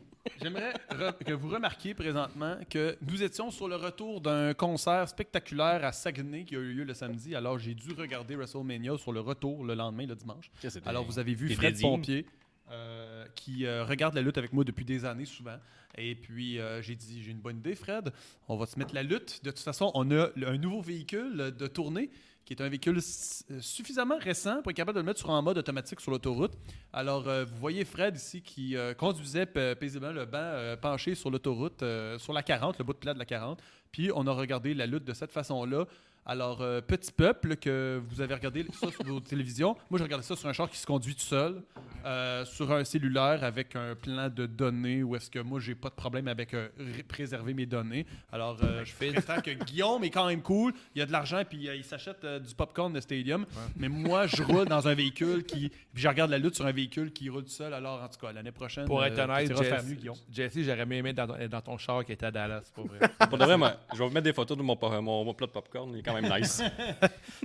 [SPEAKER 4] J'aimerais re- que vous remarquiez présentement que nous étions sur le retour d'un concert spectaculaire à Saguenay qui a eu lieu le samedi. Alors, j'ai dû regarder WrestleMania sur le retour le lendemain, le dimanche. Alors, vous avez vu
[SPEAKER 5] t'es
[SPEAKER 4] Fred
[SPEAKER 5] dédié.
[SPEAKER 4] Pompier euh, qui euh, regarde la lutte avec moi depuis des années souvent. Et puis, euh, j'ai dit, j'ai une bonne idée, Fred. On va se mettre la lutte. De toute façon, on a le- un nouveau véhicule de tournée qui est un véhicule s- euh, suffisamment récent pour être capable de le mettre sur en mode automatique sur l'autoroute. Alors, euh, vous voyez Fred ici qui euh, conduisait pa- paisiblement le banc euh, penché sur l'autoroute, euh, sur la 40, le bout de plat de la 40. Puis, on a regardé la lutte de cette façon-là Alors, euh, petit peuple que vous avez regardé ça sur vos télévisions, moi j'ai regardé ça sur un char qui se conduit tout seul, euh, sur un cellulaire avec un plan de données où est-ce que moi j'ai pas de problème avec euh, ré- préserver mes données. Alors, euh, je fais tant que Guillaume est quand même cool, il a de l'argent puis euh, il s'achète euh, du popcorn de Stadium, mais moi je roule dans un véhicule qui. Puis je regarde la lutte sur un véhicule qui roule tout seul. Alors, en tout cas, l'année prochaine,
[SPEAKER 3] Pour
[SPEAKER 4] euh,
[SPEAKER 3] être honnête,
[SPEAKER 4] tu iras faire mieux, Guillaume.
[SPEAKER 3] Jesse, Jesse, j'aurais aimé mettre dans, dans ton char qui était à Dallas, pour vrai.
[SPEAKER 5] Pour de vrai, moi, je vais vous mettre des photos de mon, pa- mon, mon plat de popcorn. Il est quand même nice.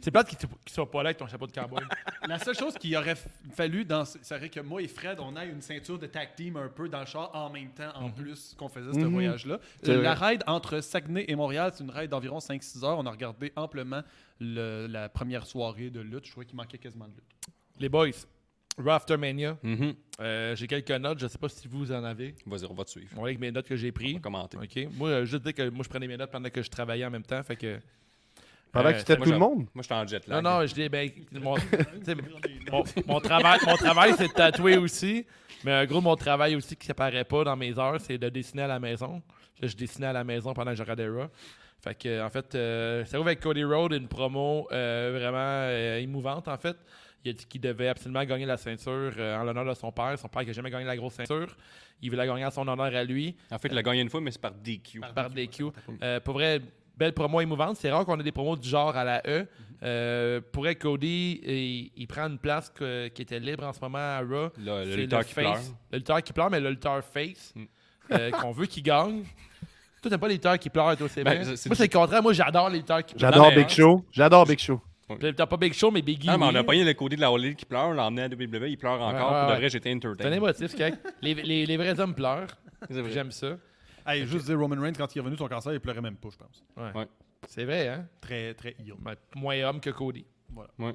[SPEAKER 3] C'est plate qu'il ne soit pas là avec ton chapeau de cowboy.
[SPEAKER 4] La seule chose qu'il aurait f- fallu, dans, ce- ça serait que moi et Fred, on ait une ceinture de tag team un peu dans le char en même temps, en plus qu'on faisait ce voyage-là.
[SPEAKER 6] Mhm. C'est
[SPEAKER 4] Euh, la
[SPEAKER 6] vrai.
[SPEAKER 4] ride entre Saguenay et Montréal, c'est une ride d'environ 5-6 heures. On a regardé amplement le- la première soirée de lutte. Je trouvais qu'il manquait quasiment de lutte.
[SPEAKER 3] Les boys, Raftermania,
[SPEAKER 5] Mhm.
[SPEAKER 3] euh, j'ai quelques notes, je sais pas si vous en avez.
[SPEAKER 5] Vas-y, on va te suivre.
[SPEAKER 3] On va avec mes notes que j'ai
[SPEAKER 5] On
[SPEAKER 3] prises.
[SPEAKER 5] va commenter.
[SPEAKER 3] OK. Moi, euh, juste dire que moi, je prenais mes notes pendant que je travaillais en même temps. Fait que.
[SPEAKER 6] Pendant
[SPEAKER 3] Euh,
[SPEAKER 6] que tu t'aides
[SPEAKER 5] moi,
[SPEAKER 6] tout
[SPEAKER 5] j'en-
[SPEAKER 6] le monde.
[SPEAKER 5] Moi, je suis en jet
[SPEAKER 3] Non,
[SPEAKER 5] lag.
[SPEAKER 3] non, je dis, ben, mon, tu sais, mon, mon travail, mon travail c'est de tatouer aussi. Mais en gros, mon travail aussi qui apparaît pas dans mes heures, c'est de dessiner à la maison. Là, je dessinais à la maison pendant que je regardais Raw. Fait que, en fait, euh, ça ouvre avec Cody Road une promo euh, vraiment euh, émouvante, en fait. Il a dit qu'il devait absolument gagner la ceinture euh, en l'honneur de son père. Son père qui n'a jamais gagné la grosse ceinture. Il veut la gagner à son honneur à lui.
[SPEAKER 5] En fait, il a gagné une fois, mais c'est par DQ.
[SPEAKER 3] Par DQ. Euh, pour vrai, belle promo émouvante. C'est rare qu'on ait des promos du genre à la
[SPEAKER 5] Mhm.
[SPEAKER 3] E. Euh, pour vrai, Cody, il, il prend une place que- qui était libre en ce moment à Raw.
[SPEAKER 5] Là,
[SPEAKER 3] C'est
[SPEAKER 5] Euh, le lutteur qui pleure.
[SPEAKER 3] face- Le lutteur qui pleure, mais le lutteur face,
[SPEAKER 5] Mm.
[SPEAKER 3] euh, qu'on veut qu'il gagne. Toi, t'aimes pas les lutteurs qui pleurent, toi, c'est
[SPEAKER 5] Ben,
[SPEAKER 3] vrai?
[SPEAKER 5] c'est- c'est
[SPEAKER 3] Moi, c'est le contraire. Moi, j'adore les lutteurs qui pleurent.
[SPEAKER 6] J'adore
[SPEAKER 5] mais-
[SPEAKER 6] Big Show. J'adore Big Show.
[SPEAKER 3] J'adore pas Big Show, mais Biggie.
[SPEAKER 5] Non, mais on
[SPEAKER 3] oui.
[SPEAKER 5] a pogné le côté de la Holly qui pleure, on l'a emmené à WWE, il pleure encore.
[SPEAKER 3] ouais,
[SPEAKER 5] Pour de
[SPEAKER 3] ouais.
[SPEAKER 5] vrai, j'étais
[SPEAKER 3] C'est un
[SPEAKER 5] entertain.
[SPEAKER 3] émotif, c'est correct. les, les- les vrais hommes pleurent.
[SPEAKER 5] C'est vrai.
[SPEAKER 3] J'aime ça.
[SPEAKER 4] Hey, Juste dire, Roman Reigns, quand il est revenu de son cancer, il pleurait même pas, je pense.
[SPEAKER 3] C'est vrai, hein?
[SPEAKER 4] Très, très ill.
[SPEAKER 3] Ben, moins homme que Cody.
[SPEAKER 4] Voilà.
[SPEAKER 5] Ouais.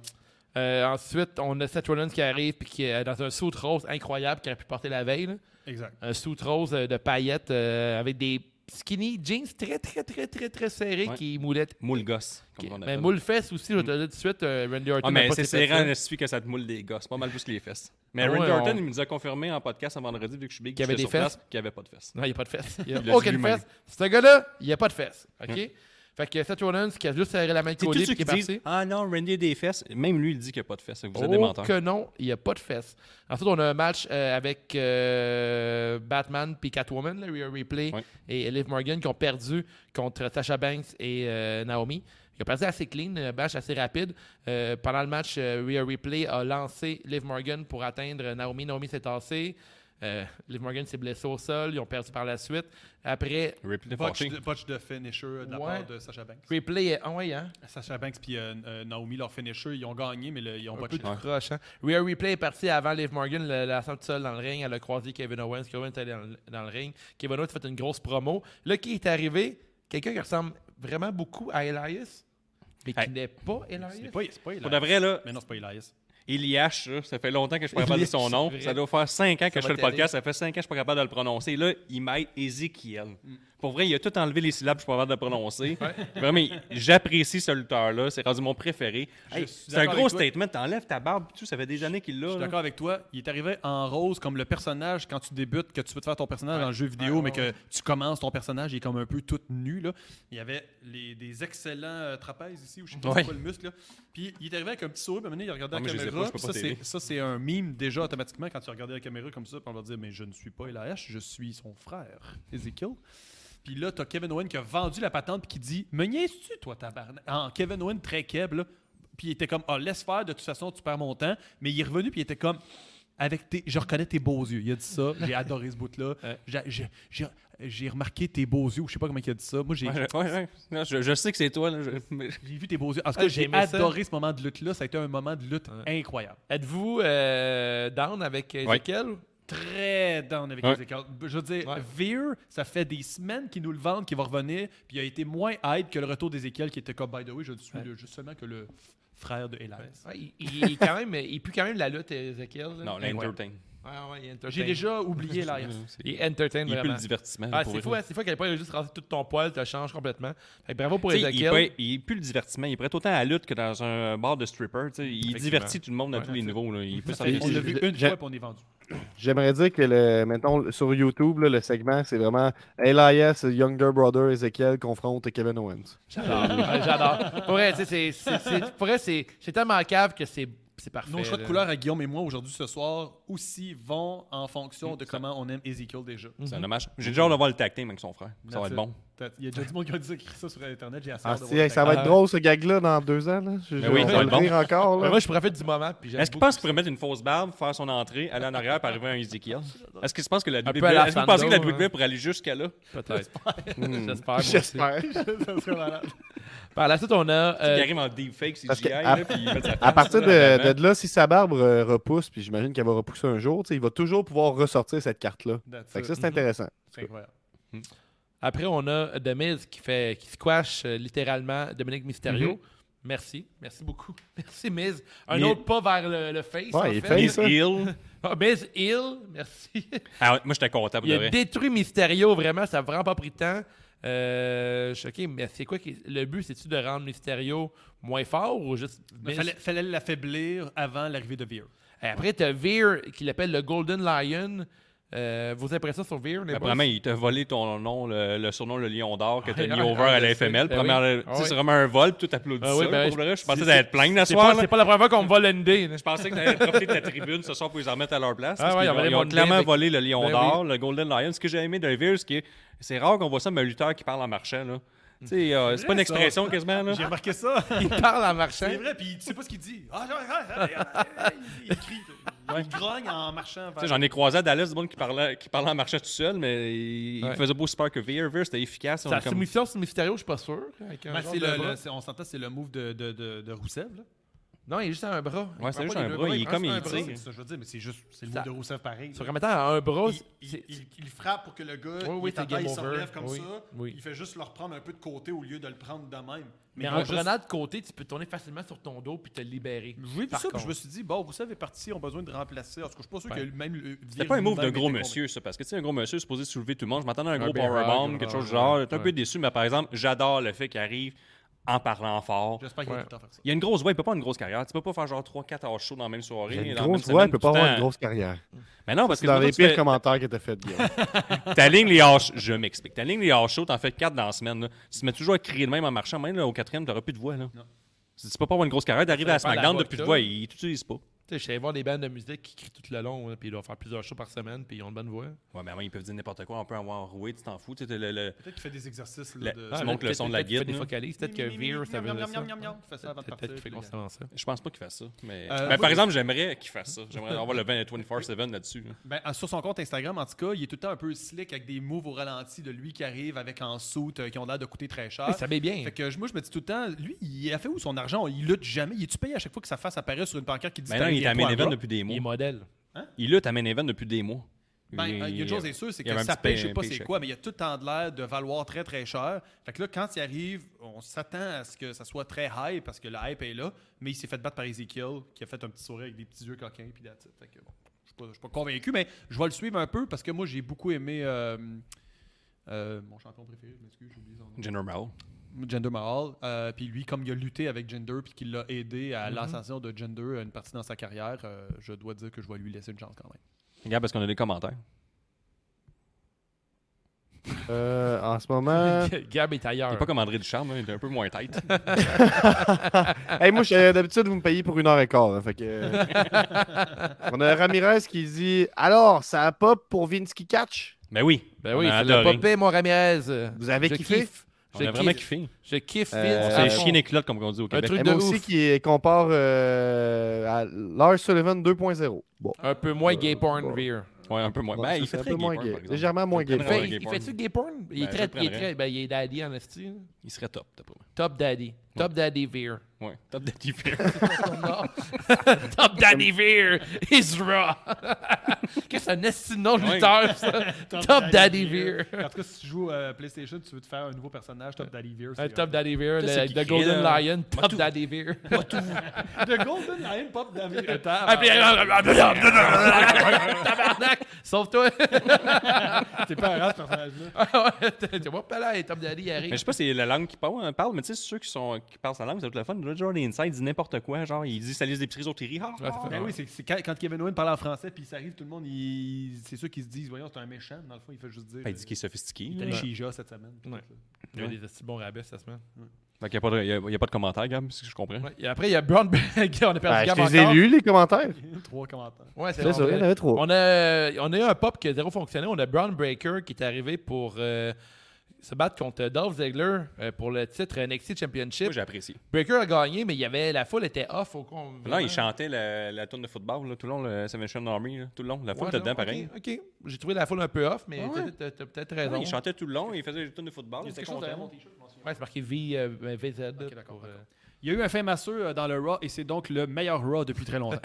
[SPEAKER 3] Euh, ensuite, on a Seth Rollins qui arrive puis qui est euh, dans un suit rose incroyable qu'il aurait pu porter la veille. là.
[SPEAKER 4] Exact.
[SPEAKER 3] Un suit rose euh, de paillettes euh, avec des skinny jeans très, très, très, très, très serrés
[SPEAKER 5] Ouais.
[SPEAKER 3] qui moulaient.
[SPEAKER 5] Moule gosse. comme
[SPEAKER 3] qui-
[SPEAKER 5] on
[SPEAKER 3] Mais
[SPEAKER 5] appelle.
[SPEAKER 3] Ben, moule fesses aussi, je vais te le dire tout de suite. euh, Randy Orton.
[SPEAKER 5] Ah,
[SPEAKER 3] a
[SPEAKER 5] mais
[SPEAKER 3] pas
[SPEAKER 5] c'est
[SPEAKER 3] ses fesses,
[SPEAKER 5] serrant,
[SPEAKER 3] hein,
[SPEAKER 5] je suis que ça te moule des gosses. Pas mal plus que les fesses. Mais
[SPEAKER 3] Ah ouais,
[SPEAKER 5] Randy Orton,
[SPEAKER 3] on-
[SPEAKER 5] il nous a confirmé en podcast un vendredi, vu que je suis big,
[SPEAKER 3] Qu'il y avait
[SPEAKER 5] j'étais
[SPEAKER 3] des
[SPEAKER 5] sur
[SPEAKER 3] fesses?
[SPEAKER 5] place, qu'il n'y avait pas de fesses.
[SPEAKER 3] Non, il n'y a pas de fesses. Il
[SPEAKER 5] Il
[SPEAKER 3] n'y
[SPEAKER 5] l'a
[SPEAKER 3] a aucune
[SPEAKER 5] lui-même.
[SPEAKER 3] fesse. Ce gars-là, il n'y a pas de fesses. OK? Fait que Seth Rollins qui a juste serré la main de
[SPEAKER 5] C'est tous
[SPEAKER 3] Cody
[SPEAKER 5] ceux
[SPEAKER 3] puis qui
[SPEAKER 5] qui
[SPEAKER 3] est parti.
[SPEAKER 5] disent Ah non, Randy a des fesses. Même lui, il dit qu'il n'y a pas de fesses. Vous êtes des
[SPEAKER 3] Oh
[SPEAKER 5] menteurs.
[SPEAKER 3] que non, il n'y a pas de fesses. Ensuite, on a un match euh, avec euh, Batman puis Catwoman, là, Rhea Ripley
[SPEAKER 5] Ouais.
[SPEAKER 3] et Liv Morgan qui ont perdu contre Tasha Banks et euh, Naomi. Ils ont perdu assez clean, un match assez rapide. Euh, pendant le match, euh, Rhea Ripley a lancé Liv Morgan pour atteindre Naomi. Naomi s'est tassée. Euh, Liv Morgan s'est blessée au sol. Ils ont perdu par la suite. Après,
[SPEAKER 5] Ripley est
[SPEAKER 4] Botch
[SPEAKER 5] fâché.
[SPEAKER 4] de, botch de finisher euh, de la
[SPEAKER 3] Ouais.
[SPEAKER 4] part de Sacha Banks.
[SPEAKER 3] Ripley est. Ah ouais, hein?
[SPEAKER 4] Sacha Banks puis euh, euh, Naomi, leur finisher, ils ont gagné, mais le- ils ont
[SPEAKER 3] Un peu
[SPEAKER 4] botché.
[SPEAKER 3] de croche, hein? Rhea Ripley est partie avant Liv Morgan, le- la sortie seule dans le ring. Elle a croisé Kevin Owens. Kevin Owens est allé dans, dans le ring. Kevin Owens a fait une grosse promo. Là, qui est arrivé? Quelqu'un qui ressemble vraiment beaucoup à Elias, mais qui
[SPEAKER 5] Hey.
[SPEAKER 3] n'est pas Elias.
[SPEAKER 4] C'est pas, c'est pas
[SPEAKER 5] Pour de
[SPEAKER 4] Elias.
[SPEAKER 5] vrai, là,
[SPEAKER 4] Mais non, c'est pas Elias.
[SPEAKER 5] Eliash, là, ça fait longtemps que je suis pas capable de
[SPEAKER 3] Eliash,
[SPEAKER 5] son nom.
[SPEAKER 3] c'est vrai.
[SPEAKER 5] Ça doit faire 5 ans que
[SPEAKER 3] Ça va
[SPEAKER 5] je fais le
[SPEAKER 3] t'aider.
[SPEAKER 5] podcast. Ça fait 5 ans que je suis pas capable de le prononcer. Là, il m'aide Ezekiel.
[SPEAKER 4] Mm.
[SPEAKER 5] Pour vrai, il a tout enlevé les syllabes que je suis pas capable de prononcer. Vraiment, j'apprécie ce lutteur-là. C'est rendu mon préféré. Hey,
[SPEAKER 4] suis
[SPEAKER 5] c'est un
[SPEAKER 4] d'accord
[SPEAKER 5] gros
[SPEAKER 4] avec toi.
[SPEAKER 5] statement. T'enlèves ta barbe et tout. Ça fait des années qu'il
[SPEAKER 4] Je
[SPEAKER 5] l'a.
[SPEAKER 4] suis
[SPEAKER 5] là.
[SPEAKER 4] d'accord avec toi. Il est arrivé en rose comme le personnage quand tu débutes, que tu veux te faire ton personnage dans le jeu vidéo,
[SPEAKER 3] Ouais,
[SPEAKER 4] mais
[SPEAKER 3] ouais,
[SPEAKER 4] que tu commences ton personnage, il est comme un peu tout nu. Là. Il y avait les- des excellents euh, trapèzes ici, ou je sais pas
[SPEAKER 5] Ouais.
[SPEAKER 4] c'est quoi le muscle. là. Puis il est arrivé avec un petit sourire, puis à un moment donné, il regardait
[SPEAKER 5] Non,
[SPEAKER 4] la
[SPEAKER 5] mais je les ai
[SPEAKER 4] caméra.
[SPEAKER 5] pas, je peux
[SPEAKER 4] puis
[SPEAKER 5] pas
[SPEAKER 4] ça,
[SPEAKER 5] t'aider.
[SPEAKER 4] c'est- ça, c'est un mime déjà automatiquement quand tu regardais la caméra comme ça, puis on va dire Mais je ne suis pas LAH, je suis son frère, Ezekiel. Puis là, t'as Kevin Owen qui a vendu la patente puis qui dit Me niaises-tu, toi, tabarnak En Kevin Owen très keb, là. Puis il était comme Ah, laisse faire, de toute façon, tu perds mon temps. Mais il est revenu, puis il était comme avec tes, Je reconnais tes beaux yeux. Il a dit ça. J'ai adoré ce bout-là. J'ai- j'ai- J'ai j'ai remarqué tes beaux yeux. ou Je sais pas comment il a dit ça. Moi, j'ai
[SPEAKER 5] Ouais, ouais, ouais. Non, je, je sais que c'est toi. là. Je- mais-
[SPEAKER 4] j'ai vu tes beaux yeux. En tout
[SPEAKER 3] Ah,
[SPEAKER 4] cas,
[SPEAKER 3] j'ai
[SPEAKER 4] j'ai
[SPEAKER 3] aimé ça.
[SPEAKER 4] adoré ce moment de lutte-là. Ça a été un moment de lutte incroyable.
[SPEAKER 3] Êtes-vous euh, down avec Ezekiel?
[SPEAKER 4] très down avec
[SPEAKER 5] Ouais.
[SPEAKER 4] Ezekiel. Je veux dire,
[SPEAKER 3] Ouais.
[SPEAKER 4] Veer, ça fait des semaines qu'ils nous le vendent, qu'il va revenir, puis il a été moins hype que le retour d'Ezekiel qui était comme, by the way, je ne suis le- juste seulement que le f- frère de Elias.
[SPEAKER 3] Ouais, il, il est quand même, il pue quand même la lutte, Ezekiel. là.
[SPEAKER 5] Non,
[SPEAKER 3] Ouais,
[SPEAKER 5] l'entertain.
[SPEAKER 3] ouais, il est entertain.
[SPEAKER 4] J'ai déjà oublié Elias.
[SPEAKER 3] Il est entertain,
[SPEAKER 5] Il peut
[SPEAKER 3] vraiment.
[SPEAKER 5] le divertissement.
[SPEAKER 3] Ah,
[SPEAKER 5] pour
[SPEAKER 3] c'est
[SPEAKER 5] vrai.
[SPEAKER 3] fou, hein, c'est fou à quel point il a juste rasé tout ton poil, te change complètement. Fait que bravo pour
[SPEAKER 5] Tu sais, Il
[SPEAKER 3] Ezekiel.
[SPEAKER 5] peut- il est plus le divertissement. Il est prête autant à la lutte que dans un bar de stripper. tu sais. Il divertit tout le monde à tous les niveaux. là. Il peut
[SPEAKER 6] fait-
[SPEAKER 5] s'amuser.
[SPEAKER 4] On l'a vu
[SPEAKER 6] je-
[SPEAKER 4] une
[SPEAKER 6] je-
[SPEAKER 4] fois, puis on est vendu.
[SPEAKER 6] J'aimerais dire que, le, mettons, sur YouTube, là, le segment, c'est vraiment Elias, Younger Brother, Ezekiel confronte Kevin Owens.
[SPEAKER 3] J'adore. Ouais, Ah, J'adore. Pour vrai, tu sais, c'est- c'est- c'est- pour vrai, c'est c'est tellement cave que c'est c'est parfait.
[SPEAKER 4] Nos choix de
[SPEAKER 3] là.
[SPEAKER 4] couleur à Guillaume et moi aujourd'hui ce soir aussi vont en fonction de comment on aime Ezekiel déjà.
[SPEAKER 5] C'est
[SPEAKER 3] Mhm.
[SPEAKER 5] un hommage. J'ai déjà hâte de voir le tag team avec son frère. Ça va
[SPEAKER 4] That's
[SPEAKER 5] être
[SPEAKER 4] it.
[SPEAKER 5] bon.
[SPEAKER 4] T'as- Il y a déjà du monde qui a dit écrit ça sur Internet. J'ai assez
[SPEAKER 6] Ah,
[SPEAKER 4] hâte de
[SPEAKER 6] si,
[SPEAKER 4] voir
[SPEAKER 6] hey,
[SPEAKER 4] ça.
[SPEAKER 6] ça va
[SPEAKER 3] Ah.
[SPEAKER 6] être drôle ce gag là dans deux ans. Là. Je, je-
[SPEAKER 5] Ben oui, ça
[SPEAKER 6] on va
[SPEAKER 5] va
[SPEAKER 6] le
[SPEAKER 5] être
[SPEAKER 6] rire encore.
[SPEAKER 3] Mais
[SPEAKER 6] Là.
[SPEAKER 3] moi, je profite du moment. Puis j'aime
[SPEAKER 5] Est-ce qu'il
[SPEAKER 3] beaucoup
[SPEAKER 5] pense qu'il pourrait mettre une fausse barbe, faire son entrée, aller en arrière, puis arriver à un Ezekiel Est-ce qu'il se pense que la
[SPEAKER 3] peu
[SPEAKER 5] WWE
[SPEAKER 3] à la
[SPEAKER 5] Est-ce que vous pensez que la
[SPEAKER 3] Fando, hein. Euh,
[SPEAKER 5] WWE pourrait aller jusqu'à là
[SPEAKER 3] Peut-être. Hmm. J'espère. moi aussi.
[SPEAKER 6] J'espère.
[SPEAKER 3] Par la suite, on a.
[SPEAKER 5] Il
[SPEAKER 3] euh,
[SPEAKER 5] arrive en deepfake, c'est
[SPEAKER 6] parce
[SPEAKER 5] GI,
[SPEAKER 6] que
[SPEAKER 5] là,
[SPEAKER 6] à-
[SPEAKER 5] puis il met sa
[SPEAKER 6] À
[SPEAKER 5] face,
[SPEAKER 6] partir
[SPEAKER 5] là, en
[SPEAKER 6] de,
[SPEAKER 5] avant.
[SPEAKER 6] de là, si sa barbe euh, repousse, puis j'imagine qu'elle va repousser un jour, tu sais, il va toujours pouvoir ressortir cette carte-là.
[SPEAKER 4] That's
[SPEAKER 6] Fait
[SPEAKER 4] it.
[SPEAKER 6] que ça,
[SPEAKER 5] Mm-hmm.
[SPEAKER 6] c'est intéressant.
[SPEAKER 4] C'est incroyable.
[SPEAKER 3] Après, on a The Miz qui, fait, qui squash euh, littéralement Dominique Mysterio. Merci. Merci beaucoup. Merci, Miz. Un
[SPEAKER 5] Mais-
[SPEAKER 3] autre pas vers le, le face.
[SPEAKER 6] Ouais,
[SPEAKER 3] en
[SPEAKER 6] il
[SPEAKER 3] fait.
[SPEAKER 6] fait
[SPEAKER 5] Miss
[SPEAKER 6] ça.
[SPEAKER 5] Hill.
[SPEAKER 3] Ah, Miz Hill. Merci.
[SPEAKER 5] Ah, ouais, moi, j'étais content pour
[SPEAKER 3] Il
[SPEAKER 5] de
[SPEAKER 3] a
[SPEAKER 5] vrai.
[SPEAKER 3] détruit Mysterio, vraiment. Ça n'a vraiment pas pris de temps. Euh, je suis OK, mais c'est quoi qui- le but? C'est-tu de rendre Mysterio moins fort ou juste.
[SPEAKER 4] Ah, Mais
[SPEAKER 3] Miz-
[SPEAKER 4] fallait, fallait l'affaiblir avant l'arrivée de Veer.
[SPEAKER 3] Et Après, tu as Veer qui l'appelle le Golden Lion. Euh, vos impressions sur Veer? les boys?
[SPEAKER 5] Apparemment, il t'a volé ton nom, le, le surnom le Lion d'Or que t'as
[SPEAKER 3] Ouais,
[SPEAKER 5] mis
[SPEAKER 3] ouais,
[SPEAKER 5] over
[SPEAKER 3] ouais,
[SPEAKER 5] à
[SPEAKER 3] je
[SPEAKER 5] la
[SPEAKER 3] sais.
[SPEAKER 5] FML.
[SPEAKER 3] Ben
[SPEAKER 5] Première-
[SPEAKER 3] oui.
[SPEAKER 5] tu
[SPEAKER 3] Ah
[SPEAKER 5] sais,
[SPEAKER 3] ouais.
[SPEAKER 5] C'est vraiment un vol, puis tout applaudit
[SPEAKER 3] Ah
[SPEAKER 5] ça.
[SPEAKER 3] oui, ben
[SPEAKER 5] pour vrai. Je pensais
[SPEAKER 3] c'est-
[SPEAKER 5] que t'allais être plein ce
[SPEAKER 3] C'est pas,
[SPEAKER 5] soir.
[SPEAKER 3] c'est
[SPEAKER 5] là.
[SPEAKER 3] pas la première fois qu'on me vole une idée. là.
[SPEAKER 5] Je pensais que t'allais profiter de ta tribune ce soir pour les remettre à leur place.
[SPEAKER 3] Ah
[SPEAKER 5] parce
[SPEAKER 3] ouais,
[SPEAKER 5] qu'ils
[SPEAKER 3] ils ont volé
[SPEAKER 5] ont, ils ont
[SPEAKER 3] mon
[SPEAKER 5] clairement
[SPEAKER 3] idée,
[SPEAKER 5] volé le Lion
[SPEAKER 3] Ben
[SPEAKER 5] d'Or, le Golden Lion. Ce que j'ai aimé d'un Veer, c'est que c'est rare qu'on voit ça, mais un lutteur qui parle en marchant. là. Tu sais, euh, c'est pas une
[SPEAKER 4] ça.
[SPEAKER 5] expression quasiment. Là.
[SPEAKER 4] J'ai remarqué ça.
[SPEAKER 3] Il parle en marchant.
[SPEAKER 4] C'est vrai, puis tu sais pas ce qu'il dit. Ah, genre, ah, ah, ah, ah, il crie. Il grogne en marchant
[SPEAKER 5] Tu sais,
[SPEAKER 4] vers.
[SPEAKER 5] J'en ai croisé à Dallas du monde qui parlait, qui parlait en marchant tout seul, mais il, il
[SPEAKER 3] Ouais.
[SPEAKER 5] faisait beau super que Veer. Veer, c'était efficace. on
[SPEAKER 3] Sa
[SPEAKER 5] est comme-
[SPEAKER 3] soumission sur Mysterio, je suis pas sûr. avec un
[SPEAKER 4] Ben,
[SPEAKER 3] genre
[SPEAKER 4] c'est
[SPEAKER 3] de
[SPEAKER 4] le-
[SPEAKER 3] bras.
[SPEAKER 4] le- c'est- on s'entend, c'est le move de, de, de, de Rousseff. Là.
[SPEAKER 3] Non, il est juste à un bras. Il
[SPEAKER 5] Ouais, c'est
[SPEAKER 3] prend
[SPEAKER 5] juste
[SPEAKER 3] pas les
[SPEAKER 5] un
[SPEAKER 3] deux
[SPEAKER 5] bras. Il est
[SPEAKER 3] prend
[SPEAKER 5] comme
[SPEAKER 3] juste
[SPEAKER 5] il
[SPEAKER 3] un bras.
[SPEAKER 5] tire.
[SPEAKER 4] C'est ça, que je veux dire, mais c'est juste c'est le
[SPEAKER 3] Ça-
[SPEAKER 4] move de Rousseff pareil.
[SPEAKER 3] Sur un mettant à un bras,
[SPEAKER 4] Il, il,
[SPEAKER 3] c'est-
[SPEAKER 4] il- il frappe pour que le gars
[SPEAKER 3] Oui, oui,
[SPEAKER 4] il, est à
[SPEAKER 3] c'est
[SPEAKER 4] terre, il
[SPEAKER 3] game
[SPEAKER 4] se
[SPEAKER 3] over.
[SPEAKER 4] relève comme
[SPEAKER 3] Oui,
[SPEAKER 4] ça.
[SPEAKER 3] oui.
[SPEAKER 4] Il fait juste le reprendre un peu de côté au lieu de le prendre de même.
[SPEAKER 3] mais
[SPEAKER 4] ils
[SPEAKER 3] en
[SPEAKER 4] vont juste-
[SPEAKER 3] prenant de côté, tu peux tourner facilement sur ton dos puis te libérer.
[SPEAKER 4] J'ai vu
[SPEAKER 3] Par
[SPEAKER 4] ça, puis
[SPEAKER 3] contre.
[SPEAKER 4] je me suis dit, bon, Rousseff est parti, ils ont besoin de remplacer. En tout cas, je suis pas sûr
[SPEAKER 3] Ouais.
[SPEAKER 4] que même. le-
[SPEAKER 5] C'était pas un move
[SPEAKER 4] lui-même
[SPEAKER 5] d'un gros
[SPEAKER 4] était
[SPEAKER 5] monsieur, ça, parce que tu sais, un gros monsieur, c'est supposé soulever tout le monde. Je m'attendais à un gros
[SPEAKER 3] bear hug,
[SPEAKER 5] powerbomb,
[SPEAKER 3] ouais,
[SPEAKER 5] quelque chose du
[SPEAKER 3] ouais,
[SPEAKER 5] genre. J'étais un
[SPEAKER 3] ouais.
[SPEAKER 5] peu déçu, mais par exemple, j'adore le fait qu'il arrive en parlant fort.
[SPEAKER 4] convaincu. J'espère qu'il va
[SPEAKER 3] Ouais.
[SPEAKER 4] tout le temps faire ça.
[SPEAKER 5] Il y a une grosse voix, il peut pas avoir une grosse carrière. Tu peux pas faire genre 3-4 heures shows dans la même soirée.
[SPEAKER 6] Une
[SPEAKER 5] dans la
[SPEAKER 6] grosse
[SPEAKER 5] même
[SPEAKER 6] voix,
[SPEAKER 5] semaine,
[SPEAKER 6] elle peut
[SPEAKER 5] tout
[SPEAKER 6] pas
[SPEAKER 5] le
[SPEAKER 6] avoir
[SPEAKER 5] temps.
[SPEAKER 6] une grosse carrière.
[SPEAKER 5] Mais non, parce que
[SPEAKER 6] C'est dans
[SPEAKER 5] toi,
[SPEAKER 6] les
[SPEAKER 5] tu
[SPEAKER 6] pires
[SPEAKER 5] fais-
[SPEAKER 6] commentaires que t'as fait, Guillaume.
[SPEAKER 5] T'alignes les haches, je m'explique. T'alignes les haches chaudes, t'en fais quatre dans la semaine. là. Tu te mets toujours à crier le même en marchant, même là, au quatrième, t'auras plus de voix. Là. Si tu peux pas avoir une grosse carrière, d'arriver
[SPEAKER 3] Ça dépend
[SPEAKER 5] à
[SPEAKER 3] de la
[SPEAKER 5] SmackDown,
[SPEAKER 3] voix
[SPEAKER 5] t'as plus
[SPEAKER 3] que
[SPEAKER 5] de
[SPEAKER 3] t'as.
[SPEAKER 5] voix, ils t'utilisent pas.
[SPEAKER 3] Tu sais, je suis allé voir des bandes de musique qui crient tout le long, hein, puis ils doivent faire plusieurs shows par semaine, puis ils ont une bonne voix.
[SPEAKER 5] Ouais, mais avant, ils peuvent dire n'importe quoi, on peut avoir enroué, tu t'en fous. Tu sais, le- le-
[SPEAKER 4] Peut-être qu'il fait des exercices. Là,
[SPEAKER 5] La-
[SPEAKER 4] de...
[SPEAKER 5] Ah, Tu montres le son de la
[SPEAKER 3] Peut-être qu'il fait
[SPEAKER 5] guide,
[SPEAKER 3] des
[SPEAKER 5] là.
[SPEAKER 3] focalises, peut-être que Veer, ça veut dire ça.
[SPEAKER 4] Il fait ça avant de
[SPEAKER 3] Peut-être qu'il fait
[SPEAKER 4] partir.
[SPEAKER 3] constamment ça.
[SPEAKER 5] Je pense pas qu'il fasse ça. Mais...
[SPEAKER 4] Euh,
[SPEAKER 5] mais
[SPEAKER 4] moi,
[SPEAKER 5] par exemple, j'aimerais qu'il fasse ça. J'aimerais avoir le 20 24-7 là-dessus. là.
[SPEAKER 4] Ben, euh, sur son compte Instagram, en tout cas, il est tout le temps un peu slick avec des moves au ralenti de lui qui arrive avec en soute euh, qui ont l'air de coûter très cher.
[SPEAKER 3] Il s'habille bien.
[SPEAKER 4] Fait que je- moi, je me dis tout le temps, lui, il a fait où son argent Il lutte jamais. Il est-tu payé à chaque fois que sa face apparaît sur une pancarte qui dit
[SPEAKER 5] Maintenant,
[SPEAKER 4] T'as
[SPEAKER 5] Ben il est
[SPEAKER 4] rien
[SPEAKER 5] à main
[SPEAKER 4] à
[SPEAKER 5] event
[SPEAKER 4] toi,
[SPEAKER 5] depuis des
[SPEAKER 3] Il est
[SPEAKER 5] mois.
[SPEAKER 3] modèle.
[SPEAKER 5] Il lutte à main event depuis des mois.
[SPEAKER 4] Ben, euh, il y a une chose est sûre, c'est
[SPEAKER 5] il y
[SPEAKER 4] que
[SPEAKER 5] avait un
[SPEAKER 4] ça
[SPEAKER 5] petit
[SPEAKER 4] paye,
[SPEAKER 5] pay-
[SPEAKER 4] je sais pas c'est
[SPEAKER 5] paycheck.
[SPEAKER 4] quoi, mais il a tout le temps de l'air de valoir très très cher. Fait que là, quand il arrive, on s'attend à ce que ça soit très high parce que le hype est là, mais il s'est fait battre par Ezekiel qui a fait un petit sourire avec des petits yeux coquins puis that's it. Fait que bon, je suis pas- je suis pas convaincu, mais je vais le suivre un peu parce que moi j'ai beaucoup aimé euh, euh, mon champion préféré, je m'excuse, j'ai oublié son nom.
[SPEAKER 5] General Mao.
[SPEAKER 4] Gender Mahal, euh, puis lui, comme il a lutté avec Gender, puis qu'il l'a aidé
[SPEAKER 8] Mhm.
[SPEAKER 4] à l'ascension de Gender à une partie dans sa carrière, euh, je dois dire que je vais lui laisser une chance quand même.
[SPEAKER 5] Regarde, parce qu'on a des commentaires.
[SPEAKER 6] Euh, en ce moment.
[SPEAKER 3] Gab est
[SPEAKER 5] Il est
[SPEAKER 3] ailleurs.
[SPEAKER 5] pas comme André Ducharme, hein, il est un peu moins tête.
[SPEAKER 6] Hey, moi, je- d'habitude, vous me payez pour une heure et quart. hein, fait que, euh, On a Ramirez qui dit Alors, ça a pop pour Vince qui catch
[SPEAKER 5] Mais oui.
[SPEAKER 3] Ben
[SPEAKER 5] on
[SPEAKER 3] oui,
[SPEAKER 5] a
[SPEAKER 3] c'est le
[SPEAKER 5] adoré.
[SPEAKER 3] popé, mon Ramirez.
[SPEAKER 6] Vous avez
[SPEAKER 3] Je
[SPEAKER 6] kiffé?
[SPEAKER 3] kiffe.
[SPEAKER 5] On
[SPEAKER 3] Je
[SPEAKER 5] a vraiment
[SPEAKER 3] kiffe.
[SPEAKER 5] kiffé.
[SPEAKER 3] Je kiffe
[SPEAKER 6] Euh,
[SPEAKER 3] Vince.
[SPEAKER 5] C'est
[SPEAKER 6] Ah,
[SPEAKER 3] à
[SPEAKER 5] le
[SPEAKER 6] bon.
[SPEAKER 3] fond.
[SPEAKER 5] chien et culotte, comme on dit au
[SPEAKER 3] Un
[SPEAKER 5] Québec.
[SPEAKER 3] truc
[SPEAKER 6] Et
[SPEAKER 3] de
[SPEAKER 6] moi
[SPEAKER 3] ouf.
[SPEAKER 6] aussi qui compare euh, à Lars Sullivan 2.0. Bon.
[SPEAKER 3] Un peu moins gay porn, Veer.
[SPEAKER 5] Ouais, un peu moins.
[SPEAKER 6] Bon,
[SPEAKER 5] Ben,
[SPEAKER 6] ça,
[SPEAKER 5] il
[SPEAKER 6] c'est
[SPEAKER 5] fait
[SPEAKER 6] un
[SPEAKER 5] très
[SPEAKER 6] peu
[SPEAKER 5] gay
[SPEAKER 6] moins
[SPEAKER 5] porn,
[SPEAKER 6] gay.
[SPEAKER 5] par exemple.
[SPEAKER 6] Légèrement moins gay.
[SPEAKER 5] Il
[SPEAKER 3] Fait-
[SPEAKER 5] prendrait
[SPEAKER 3] il
[SPEAKER 5] gay porn.
[SPEAKER 3] fait-tu gay porn? Il est
[SPEAKER 5] Ben, je
[SPEAKER 3] très,
[SPEAKER 5] le
[SPEAKER 3] il est
[SPEAKER 5] prendrais.
[SPEAKER 3] très, ben, il est daddy en esti. là.
[SPEAKER 5] Il serait top, d'après moi.
[SPEAKER 3] Top daddy. Top daddy Veer.
[SPEAKER 5] Ouais, top de différent.
[SPEAKER 3] Non. Top daddy Veer is raw. Qu'est-ce que c'est un esti de nom de
[SPEAKER 5] Ouais.
[SPEAKER 3] lutteur, ça? Top daddy Veer.
[SPEAKER 4] En tout cas, si tu joues
[SPEAKER 8] euh,
[SPEAKER 4] à PlayStation, tu veux te faire un nouveau personnage, Top Daddy Veer.
[SPEAKER 3] Un Top Daddy Veer,
[SPEAKER 5] Ça, c'est qui
[SPEAKER 3] le, The
[SPEAKER 5] crée,
[SPEAKER 3] Golden
[SPEAKER 5] là.
[SPEAKER 3] Lion,
[SPEAKER 5] Moi,
[SPEAKER 3] Top
[SPEAKER 5] tout-
[SPEAKER 3] Daddy Veer.
[SPEAKER 4] The Golden Lion Pop Daddy Veer.
[SPEAKER 3] Ah, puis- Tabarnak! Sauve-toi!
[SPEAKER 8] Ah,
[SPEAKER 4] T'es pas un ce personnage-là.
[SPEAKER 3] Ah ouais, t'es- t'es- Hop là, et Tom Daddy il
[SPEAKER 5] Mais je
[SPEAKER 3] arrive.
[SPEAKER 5] sais pas si c'est la langue qui hein, parle, parle, mais tu sais, ceux qui sont qui parle sa langue, c'est tout le fun. Là, Jordan Inside il dit n'importe quoi. Genre, il dit salut des prises autres, il rit. Ah, ah,
[SPEAKER 8] Ben oui, c'est- c'est quand, quand Kevin Owens parle en français, puis ça arrive, tout le monde, il- c'est sûr qu'ils se disent, voyons, c'est un méchant. mais Dans le fond, Ben, il fait juste dire.
[SPEAKER 5] Ben, il dit qu'il est sophistiqué.
[SPEAKER 8] il est
[SPEAKER 5] là.
[SPEAKER 8] allé chez IJA cette semaine.
[SPEAKER 3] Ouais. Il y a eu des petits bons rabais cette semaine.
[SPEAKER 5] Fait qu'il y a pas de- Il n'y a, il y a pas de commentaire, Gab, si je comprends.
[SPEAKER 3] Ouais, et après, il y a Brown Bag. on a perdu
[SPEAKER 6] Ben, je
[SPEAKER 3] Gab
[SPEAKER 6] les ai
[SPEAKER 3] encore.
[SPEAKER 6] lus, les commentaires.
[SPEAKER 8] Trois commentaires.
[SPEAKER 3] Ouais, c'est
[SPEAKER 6] C'est ça, il y en
[SPEAKER 3] vrai.
[SPEAKER 6] avait trois.
[SPEAKER 3] On a, on a eu un pop qui a zéro fonctionné. On a Brown Breaker qui est arrivé pour euh, se battre contre Dolph Ziggler euh, pour le titre NXT Championship.
[SPEAKER 5] Moi, j'ai apprécié.
[SPEAKER 3] Breaker a gagné, mais il y avait, la foule était off au con.
[SPEAKER 5] Non, il chantait la, la tourne de football là, tout le long, le Seven Army, là, tout le long. La foule était dedans, pareil.
[SPEAKER 3] Ok, ok. j'ai trouvé la foule un peu off, mais
[SPEAKER 5] Ah ouais?
[SPEAKER 3] t'as- t'as t'as peut-être
[SPEAKER 5] Ouais,
[SPEAKER 3] raison.
[SPEAKER 5] il chantait tout le long, il faisait une tourne de football. Il était content.
[SPEAKER 3] Ouais, c'est marqué V, euh, euh, VZ.
[SPEAKER 8] d'accord,
[SPEAKER 3] pour, euh,
[SPEAKER 8] Il y a eu un fin masseux euh, dans le Raw et c'est donc le meilleur Raw depuis très longtemps.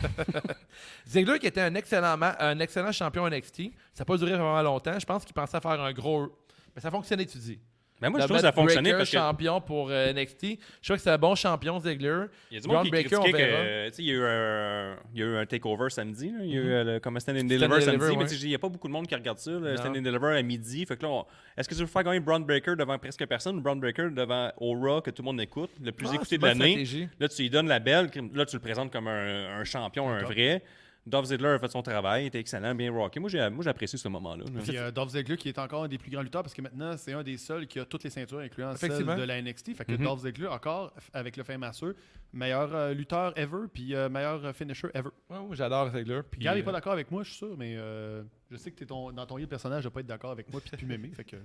[SPEAKER 3] Ziggler qui était un excellent, ma- un excellent champion NXT, ça n'a pas duré vraiment longtemps. Je pense qu'il pensait faire un gros. Mais ça fonctionnait, tu dis.
[SPEAKER 5] Mais Ben, moi, je
[SPEAKER 3] Le
[SPEAKER 5] trouve que ça
[SPEAKER 3] Matt
[SPEAKER 5] fonctionnait
[SPEAKER 3] Breaker,
[SPEAKER 5] parce que.
[SPEAKER 3] champion pour euh, NXT. Je trouve que c'est un bon champion, Ziggler.
[SPEAKER 5] Il y a du monde
[SPEAKER 3] Braun
[SPEAKER 5] qui
[SPEAKER 3] Breaker,
[SPEAKER 5] critiquait
[SPEAKER 3] on
[SPEAKER 5] que,
[SPEAKER 3] verra.
[SPEAKER 5] euh, tu sais, il y a eu un, il y a eu un takeover samedi, là. il y a eu euh, le, comme un Stand and
[SPEAKER 3] Mm-hmm. and
[SPEAKER 5] Deliver samedi,
[SPEAKER 3] Deliver,
[SPEAKER 5] mais
[SPEAKER 3] ouais.
[SPEAKER 5] tu sais, il n'y a pas beaucoup de monde qui regarde ça,
[SPEAKER 3] Non.
[SPEAKER 5] le Stand and Deliver à midi. Fait que là, on- est-ce que tu veux faire gagner Braun Breaker devant presque personne ou Braun Breaker devant Aura que tout le monde écoute, le plus
[SPEAKER 3] Ah, c'est
[SPEAKER 5] écouté
[SPEAKER 3] une
[SPEAKER 5] de
[SPEAKER 3] bonne
[SPEAKER 5] l'année?
[SPEAKER 3] stratégie.
[SPEAKER 5] Là, tu lui donnes la belle, là, tu le présentes comme un, un champion, un vrai. Dolph Ziggler a fait son travail, il était excellent, bien rocké. Moi, j'ai moi, j'ai apprécié ce moment-là. là.
[SPEAKER 9] Puis euh, Dolph Ziggler qui est encore un des plus grands lutteurs parce que maintenant c'est un des seuls qui a toutes les ceintures incluant celle
[SPEAKER 3] Effectivement. Mm-hmm.
[SPEAKER 9] de la NXT. Fait que Dolph Ziggler encore f- avec le fin masseux, meilleur euh, lutteur ever puis euh, meilleur euh, finisher ever.
[SPEAKER 3] Ouais, ouais, J'adore Ziggler. puis,
[SPEAKER 9] Gab n'est
[SPEAKER 3] euh,
[SPEAKER 9] pas d'accord avec moi, je suis sûr, mais euh, je sais que t'es ton, dans ton lit de personnage de pas être d'accord avec moi puis de plus m'aimer. Fait que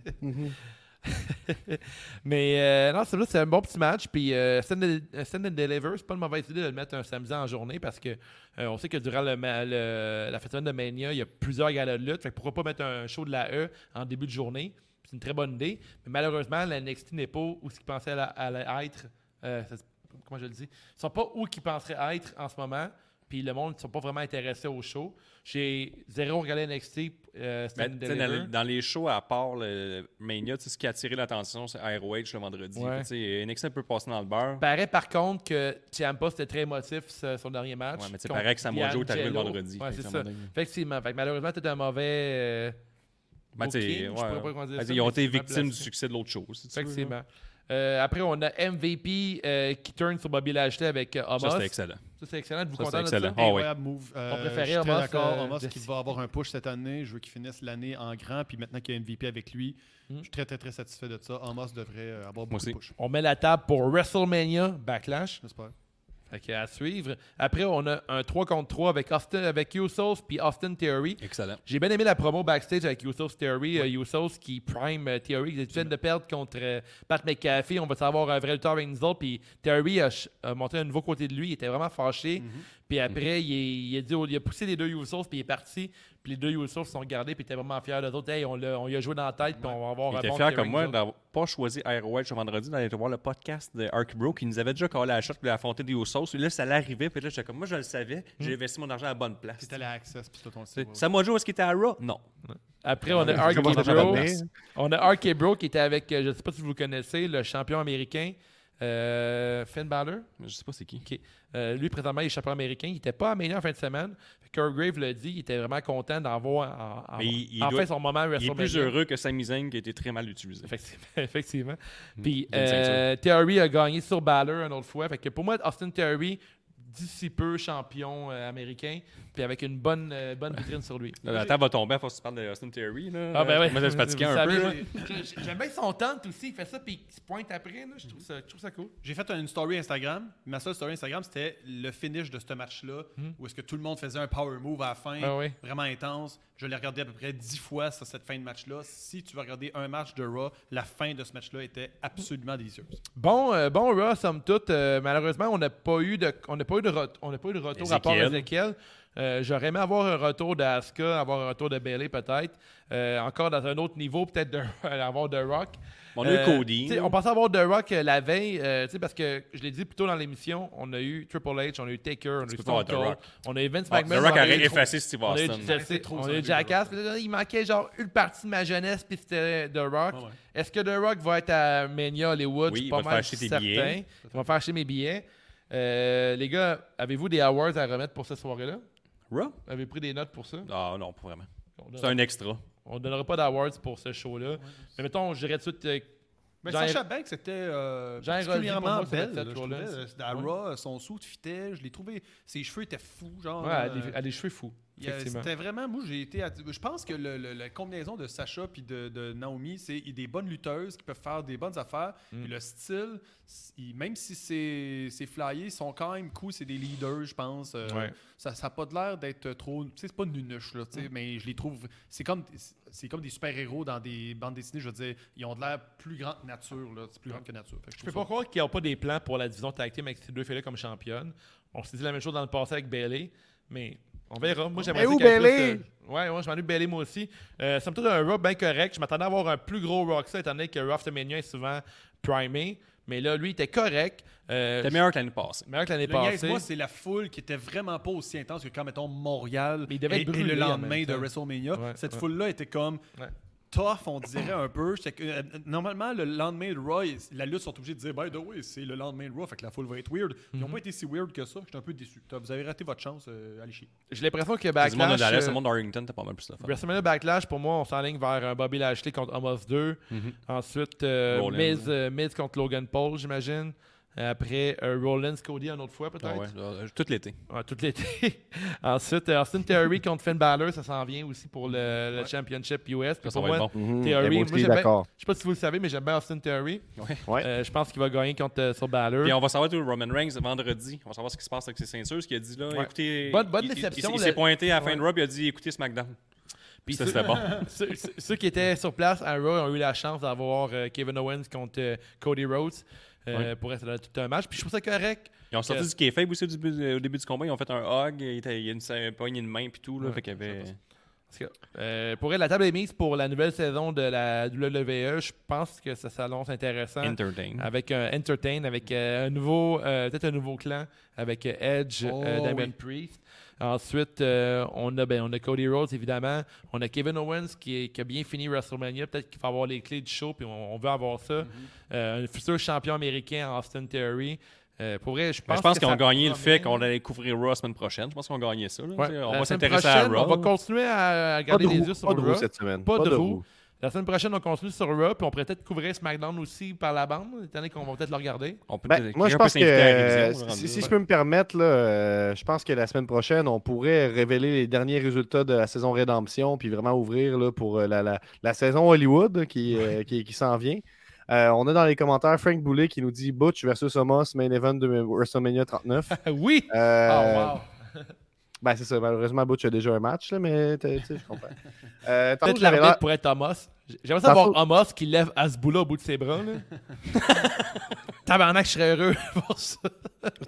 [SPEAKER 3] Ah Mais euh, non, c'est vrai, c'est un bon petit match. Puis euh, send, and- Send and Deliver, c'est pas une mauvaise idée de le mettre un samedi en journée parce que euh, on sait que durant le, ma- le- la fête de semaine de Mania, il y a plusieurs galas de lutte. Fait que pourquoi pas mettre un show de la E en début de journée? C'est une très bonne idée. Mais malheureusement, la NXT n'est pas où ce qu'ils pensaient à, la- à la être. euh, ça se- comment je le dis? Ils sont pas où qu'ils penseraient être en ce moment. Puis le monde ne sont pas vraiment intéressés au show. J'ai zéro regardé NXT. euh, Send
[SPEAKER 5] Ben,
[SPEAKER 3] and
[SPEAKER 5] tu sais, dans,
[SPEAKER 3] Deliver.
[SPEAKER 5] les- dans les shows, à part le Mania, tu sais, ce qui a attiré l'attention, c'est Airwage le vendredi.
[SPEAKER 3] Ouais.
[SPEAKER 5] Fait que, tu sais, NXT peut passer dans le beurre.
[SPEAKER 3] paraît par contre que Ciampa, c'était très émotif ce- son dernier match.
[SPEAKER 5] Ouais, mais c'est
[SPEAKER 3] Contre
[SPEAKER 5] pareil que Samoa Joe est arrivé le
[SPEAKER 3] D'Angelo.
[SPEAKER 5] vendredi.
[SPEAKER 3] Ouais,
[SPEAKER 5] Fait
[SPEAKER 3] c'est
[SPEAKER 5] qu'à un
[SPEAKER 3] ça.
[SPEAKER 5] moment donné.
[SPEAKER 3] Effectivement. Fait que malheureusement, t'es un mauvais. euh,
[SPEAKER 5] Ben, tu sais,
[SPEAKER 3] booking, je
[SPEAKER 5] ouais.
[SPEAKER 3] pourrais pas comment dire
[SPEAKER 5] Ben,
[SPEAKER 3] ça,
[SPEAKER 5] ils ont
[SPEAKER 3] mais
[SPEAKER 5] été
[SPEAKER 3] c'est mal
[SPEAKER 5] victimes du
[SPEAKER 3] placé.
[SPEAKER 5] succès de l'autre chose. si tu veux, là.
[SPEAKER 3] Effectivement. Euh, après, on a MVP euh, qui turn sur Bobby Lashley avec euh, Omos.
[SPEAKER 5] Ça, c'était excellent.
[SPEAKER 3] Ça, c'est excellent. Êtes-vous
[SPEAKER 5] Ça,
[SPEAKER 3] content de
[SPEAKER 5] c'était
[SPEAKER 3] ça?
[SPEAKER 5] excellent. Ah oui.
[SPEAKER 9] incroyable move. Euh,
[SPEAKER 3] On préférait
[SPEAKER 9] je suis très
[SPEAKER 3] Omos,
[SPEAKER 9] d'accord.
[SPEAKER 3] euh,
[SPEAKER 9] Omos
[SPEAKER 3] de-
[SPEAKER 9] qui va avoir un push cette année. Je veux qu'il finisse l'année en grand puis maintenant qu'il y a MVP avec lui,
[SPEAKER 3] Mm.
[SPEAKER 9] je suis très très très satisfait de ça. Amos devrait euh, avoir beaucoup
[SPEAKER 5] aussi.
[SPEAKER 9] de push.
[SPEAKER 3] On met la table pour WrestleMania Backlash.
[SPEAKER 9] J'espère.
[SPEAKER 3] Fait que à suivre. Après, on a un 3 contre 3 avec Austin, avec Usos puis Austin Theory.
[SPEAKER 5] Excellent.
[SPEAKER 3] J'ai bien aimé la promo backstage avec Usos Theory. euh, Usos qui prime euh, Theory. Ils viennent de perdre contre euh, Pat McAfee. On va savoir un vrai lutteur avec nous autres. Puis Theory a, ch- a montré un nouveau côté de lui. Il était vraiment fâché.
[SPEAKER 5] Mhm.
[SPEAKER 3] Puis après, il, est- il a dit, au- il a poussé les deux Usos. Puis il est parti. Puis les deux Usos se sont regardés. Puis il était vraiment fier d'eux autres. Hey, on, l'a- on lui a joué dans la tête. Puis on va avoir
[SPEAKER 5] Il
[SPEAKER 3] un
[SPEAKER 5] était
[SPEAKER 3] bon
[SPEAKER 5] fier
[SPEAKER 3] Theory,
[SPEAKER 5] comme moi
[SPEAKER 3] nous autres.
[SPEAKER 5] d'avoir pas choisi Airwage le vendredi, d'aller voir le podcast de Ark Bro qui nous avait déjà collé à la shot puis la fontaine des hauts sauces. Là, ça l'arrivait. Puis là, j'étais comme, moi, je le savais.
[SPEAKER 3] Hmm.
[SPEAKER 5] J'ai investi mon argent à la bonne place.
[SPEAKER 9] C'était la access puis tout on le
[SPEAKER 5] Tu
[SPEAKER 9] sait.
[SPEAKER 5] sais,
[SPEAKER 9] ouais, ouais.
[SPEAKER 5] Samoa Joe, est-ce qu'il était à Raw? Non.
[SPEAKER 3] Après, on a RK
[SPEAKER 6] Comment ça va
[SPEAKER 3] Bro.
[SPEAKER 6] devenir?
[SPEAKER 3] On a RK Bro qui était avec, euh, je ne sais pas si vous le connaissez, le champion américain. euh, Finn Balor.
[SPEAKER 5] Je sais pas c'est qui.
[SPEAKER 3] Euh, lui, présentement, il est champion américain. Il n'était pas amélioré en fin de semaine. Kirk Grave l'a dit, il était vraiment content d'avoir en, en-
[SPEAKER 5] Mais il- il
[SPEAKER 3] enfin
[SPEAKER 5] doit-
[SPEAKER 3] son moment à
[SPEAKER 5] Il est
[SPEAKER 3] WrestleMania.
[SPEAKER 5] plus heureux que Sami Zayn qui a été très mal utilisé.
[SPEAKER 3] Effectivement. effectivement. Puis,
[SPEAKER 5] Hmm. il y a une ceinture.
[SPEAKER 3] euh, Theory a gagné sur Balor une autre fois. Fait que pour moi, Austin Theory, d'ici peu champion euh, américain, puis avec une bonne, euh, bonne vitrine sur lui.
[SPEAKER 5] Là, la table va tomber à force que tu parles de Austin Theory. Là.
[SPEAKER 3] Ah, ben ouais.
[SPEAKER 5] Moi, ça me fatiguait
[SPEAKER 3] Vous
[SPEAKER 5] un
[SPEAKER 3] savez,
[SPEAKER 5] peu.
[SPEAKER 3] moi, je- J'aime bien son tente aussi. Il fait ça, puis il se pointe après. là. Je, trouve ça, je trouve ça cool.
[SPEAKER 8] J'ai fait une story Instagram. Ma seule story Instagram, c'était le finish de ce match-là, où est-ce que tout le monde faisait un power move à la fin,
[SPEAKER 3] Hmm. Ah oui.
[SPEAKER 8] vraiment intense. Je l'ai regardé à peu près dix fois sur cette fin de match-là. Si tu veux regarder un match de Raw, la fin de ce match-là était absolument délicieuse.
[SPEAKER 3] Bon, euh, bon Raw, somme toute. euh, malheureusement, on n'a pas eu de, on n'a pas eu de, ret- on n'a pas eu de retour à part
[SPEAKER 5] Ezekiel.
[SPEAKER 3] Ezekiel. Euh, J'aurais aimé avoir un retour d'Asuka, avoir un retour de Bailey peut-être. Euh, encore dans un autre niveau, peut-être de- avoir de Rock.
[SPEAKER 5] On a eu
[SPEAKER 3] Euh,
[SPEAKER 5] Cody.
[SPEAKER 3] tu sais, On pensait avoir The Rock euh, la veille, euh, tu sais, parce que je l'ai dit plus tôt dans l'émission, on a eu Triple H, on a eu Taker, on a eu
[SPEAKER 5] peux
[SPEAKER 3] Stone
[SPEAKER 5] pas avoir The
[SPEAKER 3] Cold,
[SPEAKER 5] Rock.
[SPEAKER 3] on a eu Vince
[SPEAKER 5] Ah,
[SPEAKER 3] McMahon.
[SPEAKER 5] The Rock
[SPEAKER 3] on a
[SPEAKER 5] a
[SPEAKER 3] eu-
[SPEAKER 5] effacé Steve
[SPEAKER 3] on a eu,
[SPEAKER 5] Austin.
[SPEAKER 3] je sais, on a eu Jackass. puis là, Il manquait genre une partie de ma jeunesse, puis c'était The Rock. Est-ce que The Rock va être à Mania Hollywood?
[SPEAKER 5] Oui,
[SPEAKER 3] Je suis
[SPEAKER 5] il
[SPEAKER 3] pas
[SPEAKER 5] va te
[SPEAKER 3] mal
[SPEAKER 5] faire acheter tes
[SPEAKER 3] certain.
[SPEAKER 5] billets.
[SPEAKER 3] Il va faire acheter mes billets. Euh, les gars, avez-vous des awards à remettre pour cette soirée-là?
[SPEAKER 5] Raw?
[SPEAKER 3] Avez-vous pris des notes pour ça?
[SPEAKER 5] Ah non, pas vraiment.
[SPEAKER 3] On
[SPEAKER 5] C'est un extra.
[SPEAKER 3] on ne donnera pas d'awards pour ce show-là. Mais mettons, je dirais tout de suite euh,
[SPEAKER 4] Mais
[SPEAKER 3] Genre-
[SPEAKER 4] Sacha Banks était euh,
[SPEAKER 3] Genre
[SPEAKER 4] particulièrement
[SPEAKER 3] Rosie, pour moi, ça
[SPEAKER 4] belle.
[SPEAKER 3] fait
[SPEAKER 4] là,
[SPEAKER 3] cette
[SPEAKER 4] je
[SPEAKER 3] journée,
[SPEAKER 4] trouvais.
[SPEAKER 3] là.
[SPEAKER 4] C'était à
[SPEAKER 3] Ouais.
[SPEAKER 4] Raw, son sou de fitait, je l'ai trouvé. Ses cheveux étaient fous, genre.
[SPEAKER 3] Ouais,
[SPEAKER 4] euh,
[SPEAKER 3] elle a des- elle a des cheveux fous.
[SPEAKER 4] il y a-
[SPEAKER 3] effectivement.
[SPEAKER 4] C'était vraiment, moi j'ai été, atti- je pense que le- le- la combinaison de Sacha puis de, de Naomi, c'est des bonnes lutteuses qui peuvent faire des bonnes affaires.
[SPEAKER 3] Mm.
[SPEAKER 4] Puis le style, s- il- même si c'est c'est flyé, ils sont quand même cool, c'est des leaders, je pense. Euh,
[SPEAKER 3] Ouais. Mm.
[SPEAKER 4] Ça n'a pas de l'air d'être trop, tu sais, c'est pas nunuche là, tu sais, mais je les trouve, c'est comme, c'est comme des super héros dans des bandes dessinées, je veux dire, ils ont de l'air plus grand que nature là, c'est plus grand que nature. Fait que
[SPEAKER 3] Je peux
[SPEAKER 4] trouve
[SPEAKER 3] pas
[SPEAKER 4] ça-
[SPEAKER 3] croire qu'ils n'ont pas des plans pour la division tag team avec ces deux filles-là comme championne. On s'est dit la même chose dans le passé avec Bailey, mais on verra. Moi, j'aimerais
[SPEAKER 6] Mais où
[SPEAKER 3] ça qu'il y ait
[SPEAKER 6] Bayley?
[SPEAKER 3] plus de- Ouais, ouais, je m'en ai Bailey moi aussi. Euh, ça me donne un Raw bien correct. Je m'attendais à avoir un plus gros Raw que ça, étant donné que Raw Femenia est souvent primé. Mais là, lui, il était correct. Euh,
[SPEAKER 5] T'es meilleur que l'année passée.
[SPEAKER 3] meilleur que l'année
[SPEAKER 4] Le niaise,
[SPEAKER 3] passée.
[SPEAKER 4] moi, c'est la foule qui était vraiment pas aussi intense que quand, mettons, Montréal
[SPEAKER 3] Mais il devait
[SPEAKER 4] et,
[SPEAKER 3] être
[SPEAKER 4] et
[SPEAKER 3] brûlé
[SPEAKER 4] le
[SPEAKER 3] en
[SPEAKER 4] lendemain
[SPEAKER 3] même
[SPEAKER 4] de
[SPEAKER 3] temps.
[SPEAKER 4] WrestleMania.
[SPEAKER 3] Ouais,
[SPEAKER 4] Cette
[SPEAKER 3] ouais.
[SPEAKER 4] foule-là était comme
[SPEAKER 3] Ouais.
[SPEAKER 4] tough, on dirait un peu. J'étais que- euh, normalement, le lendemain de Raw, ils- la lutte sont obligés de dire « By the way, c'est le lendemain de Raw, fait que la foule va être weird. Ils n'ont
[SPEAKER 3] Mhm.
[SPEAKER 4] pas été si weird que ça. J'étais un peu déçu. T'as- Vous avez raté votre chance, euh, allez chier.
[SPEAKER 3] J'ai l'impression que
[SPEAKER 5] Du monde de
[SPEAKER 3] Backlash.
[SPEAKER 5] Dallas,
[SPEAKER 3] euh,
[SPEAKER 5] le monde d'Arlington, t'as pas mal plus de fun.
[SPEAKER 3] WrestleMania Backlash, pour moi, on s'enligne vers un Bobby Lashley contre Amos 2. Ensuite, euh,
[SPEAKER 5] Mm-hmm. Rollins.
[SPEAKER 3] Miz, euh, Miz contre Logan Paul, j'imagine. Après, euh, Rollins, Cody, une autre fois, peut-être.
[SPEAKER 5] Ah ouais, euh, tout l'été.
[SPEAKER 3] Ouais, tout l'été. Ensuite, euh, Austin Theory contre Finn Balor, ça s'en vient aussi pour le, le Championship US.
[SPEAKER 5] Ça,
[SPEAKER 3] Puis
[SPEAKER 5] ça
[SPEAKER 3] pour
[SPEAKER 5] va
[SPEAKER 3] moi,
[SPEAKER 5] être bon.
[SPEAKER 3] Theory,
[SPEAKER 6] Théorie,
[SPEAKER 3] moi,
[SPEAKER 6] moi,
[SPEAKER 3] j'aime bien-
[SPEAKER 6] d'accord.
[SPEAKER 3] je sais pas si vous le savez, mais j'aime bien Austin Theory.
[SPEAKER 5] Ouais.
[SPEAKER 6] Ouais.
[SPEAKER 3] Euh, je pense qu'il va gagner contre euh, sur Balor.
[SPEAKER 5] Puis on va savoir tout Roman Reigns vendredi. On va savoir ce qui se passe avec ses ceintures. Ce qu'il a dit là,
[SPEAKER 3] Ouais.
[SPEAKER 5] écoutez.
[SPEAKER 3] Bonne- bonne
[SPEAKER 5] il- il-
[SPEAKER 3] déception,
[SPEAKER 5] Il,
[SPEAKER 3] le-
[SPEAKER 5] s'est pointé à la fin
[SPEAKER 3] Ouais.
[SPEAKER 5] de Rob, il a dit écoutez SmackDown.
[SPEAKER 3] Puis
[SPEAKER 5] Puis ça,
[SPEAKER 3] ceux-
[SPEAKER 5] c'était bon.
[SPEAKER 3] ceux, ceux- ceux qui étaient sur place à Raw ont eu la chance d'avoir euh, Kevin Owens contre euh, Cody Rhodes euh, pour être là tout un match. Puis je trouve ça correct.
[SPEAKER 5] Ils ont sorti
[SPEAKER 3] Yes.
[SPEAKER 5] du qui est faible aussi au début, au début du combat. Ils ont fait un hug, il, était- il y a une, une poignée de main puis tout. Là,
[SPEAKER 3] Ouais,
[SPEAKER 5] fait qu'il y avait...
[SPEAKER 3] Parce que, euh, pour elle, la table est mise pour la nouvelle saison de la WWE. Je pense que ça s'annonce intéressant.
[SPEAKER 5] Entertain.
[SPEAKER 3] avec euh, Entertain, avec euh, un nouveau, euh, peut-être un nouveau clan, avec euh, Edge,
[SPEAKER 4] Oh,
[SPEAKER 3] euh, Damien
[SPEAKER 4] oui.
[SPEAKER 3] Priest. Ensuite, euh, on, a, ben, on a Cody Rhodes, évidemment. On a Kevin Owens qui, est- qui a bien fini WrestleMania. Peut-être qu'il va avoir les clés du show, puis on, on veut avoir
[SPEAKER 5] Mm-hmm.
[SPEAKER 3] ça. Euh, un futur champion américain, Austin Theory. Euh, pour vrai, je
[SPEAKER 5] Mais
[SPEAKER 3] pense,
[SPEAKER 5] Ben, je pense qu'ils
[SPEAKER 3] que
[SPEAKER 5] ont
[SPEAKER 3] ça
[SPEAKER 5] gagné le fait
[SPEAKER 3] promet.
[SPEAKER 5] qu'on allait couvrir Raw la semaine prochaine. Je pense qu'on gagnait ça. là.
[SPEAKER 3] Ouais.
[SPEAKER 5] Tu sais, On
[SPEAKER 3] La
[SPEAKER 5] va
[SPEAKER 3] semaine
[SPEAKER 5] s'intéresser à
[SPEAKER 3] prochaine,
[SPEAKER 5] Raw.
[SPEAKER 3] On va continuer à, à garder
[SPEAKER 6] Pas de
[SPEAKER 3] les
[SPEAKER 6] roue,
[SPEAKER 3] yeux sur
[SPEAKER 6] pas de roue
[SPEAKER 3] Raw.
[SPEAKER 6] cette semaine.
[SPEAKER 3] Pas de roue. La semaine prochaine, on continue sur Raw, puis on pourrait peut-être couvrir SmackDown aussi par la bande, étant donné qu'on va peut-être le regarder.
[SPEAKER 5] On peut-
[SPEAKER 6] Ben,
[SPEAKER 5] quelqu'un
[SPEAKER 6] moi, je
[SPEAKER 5] peut
[SPEAKER 6] pense que
[SPEAKER 5] s'inviter à la
[SPEAKER 6] euh,
[SPEAKER 5] révision, là,
[SPEAKER 6] si,
[SPEAKER 5] rendu
[SPEAKER 6] si
[SPEAKER 5] là.
[SPEAKER 6] je peux me permettre, là, euh, je pense que la semaine prochaine, on pourrait révéler les derniers résultats de la saison Rédemption, puis vraiment ouvrir là, pour euh, la, la- la saison Hollywood qui, euh, qui, qui s'en vient. Euh, on a dans les commentaires Frank Boulet qui nous dit Butch versus Omos, main event de WrestleMania 39.
[SPEAKER 3] oui!
[SPEAKER 6] Euh,
[SPEAKER 3] Ah, wow.
[SPEAKER 6] Ben, c'est ça. Malheureusement, Butch a déjà un match, là, mais t'as- tu sais, je comprends. Euh, tantôt,
[SPEAKER 3] Peut-être
[SPEAKER 6] j'avais
[SPEAKER 3] l'arbitre
[SPEAKER 6] l'air-
[SPEAKER 3] pourrait être Thomas. J'aimerais
[SPEAKER 6] Tantôt-
[SPEAKER 3] savoir Amos qui lève Asboula au bout de ses bras. Là. Tabarnak, je serais heureux pour ça.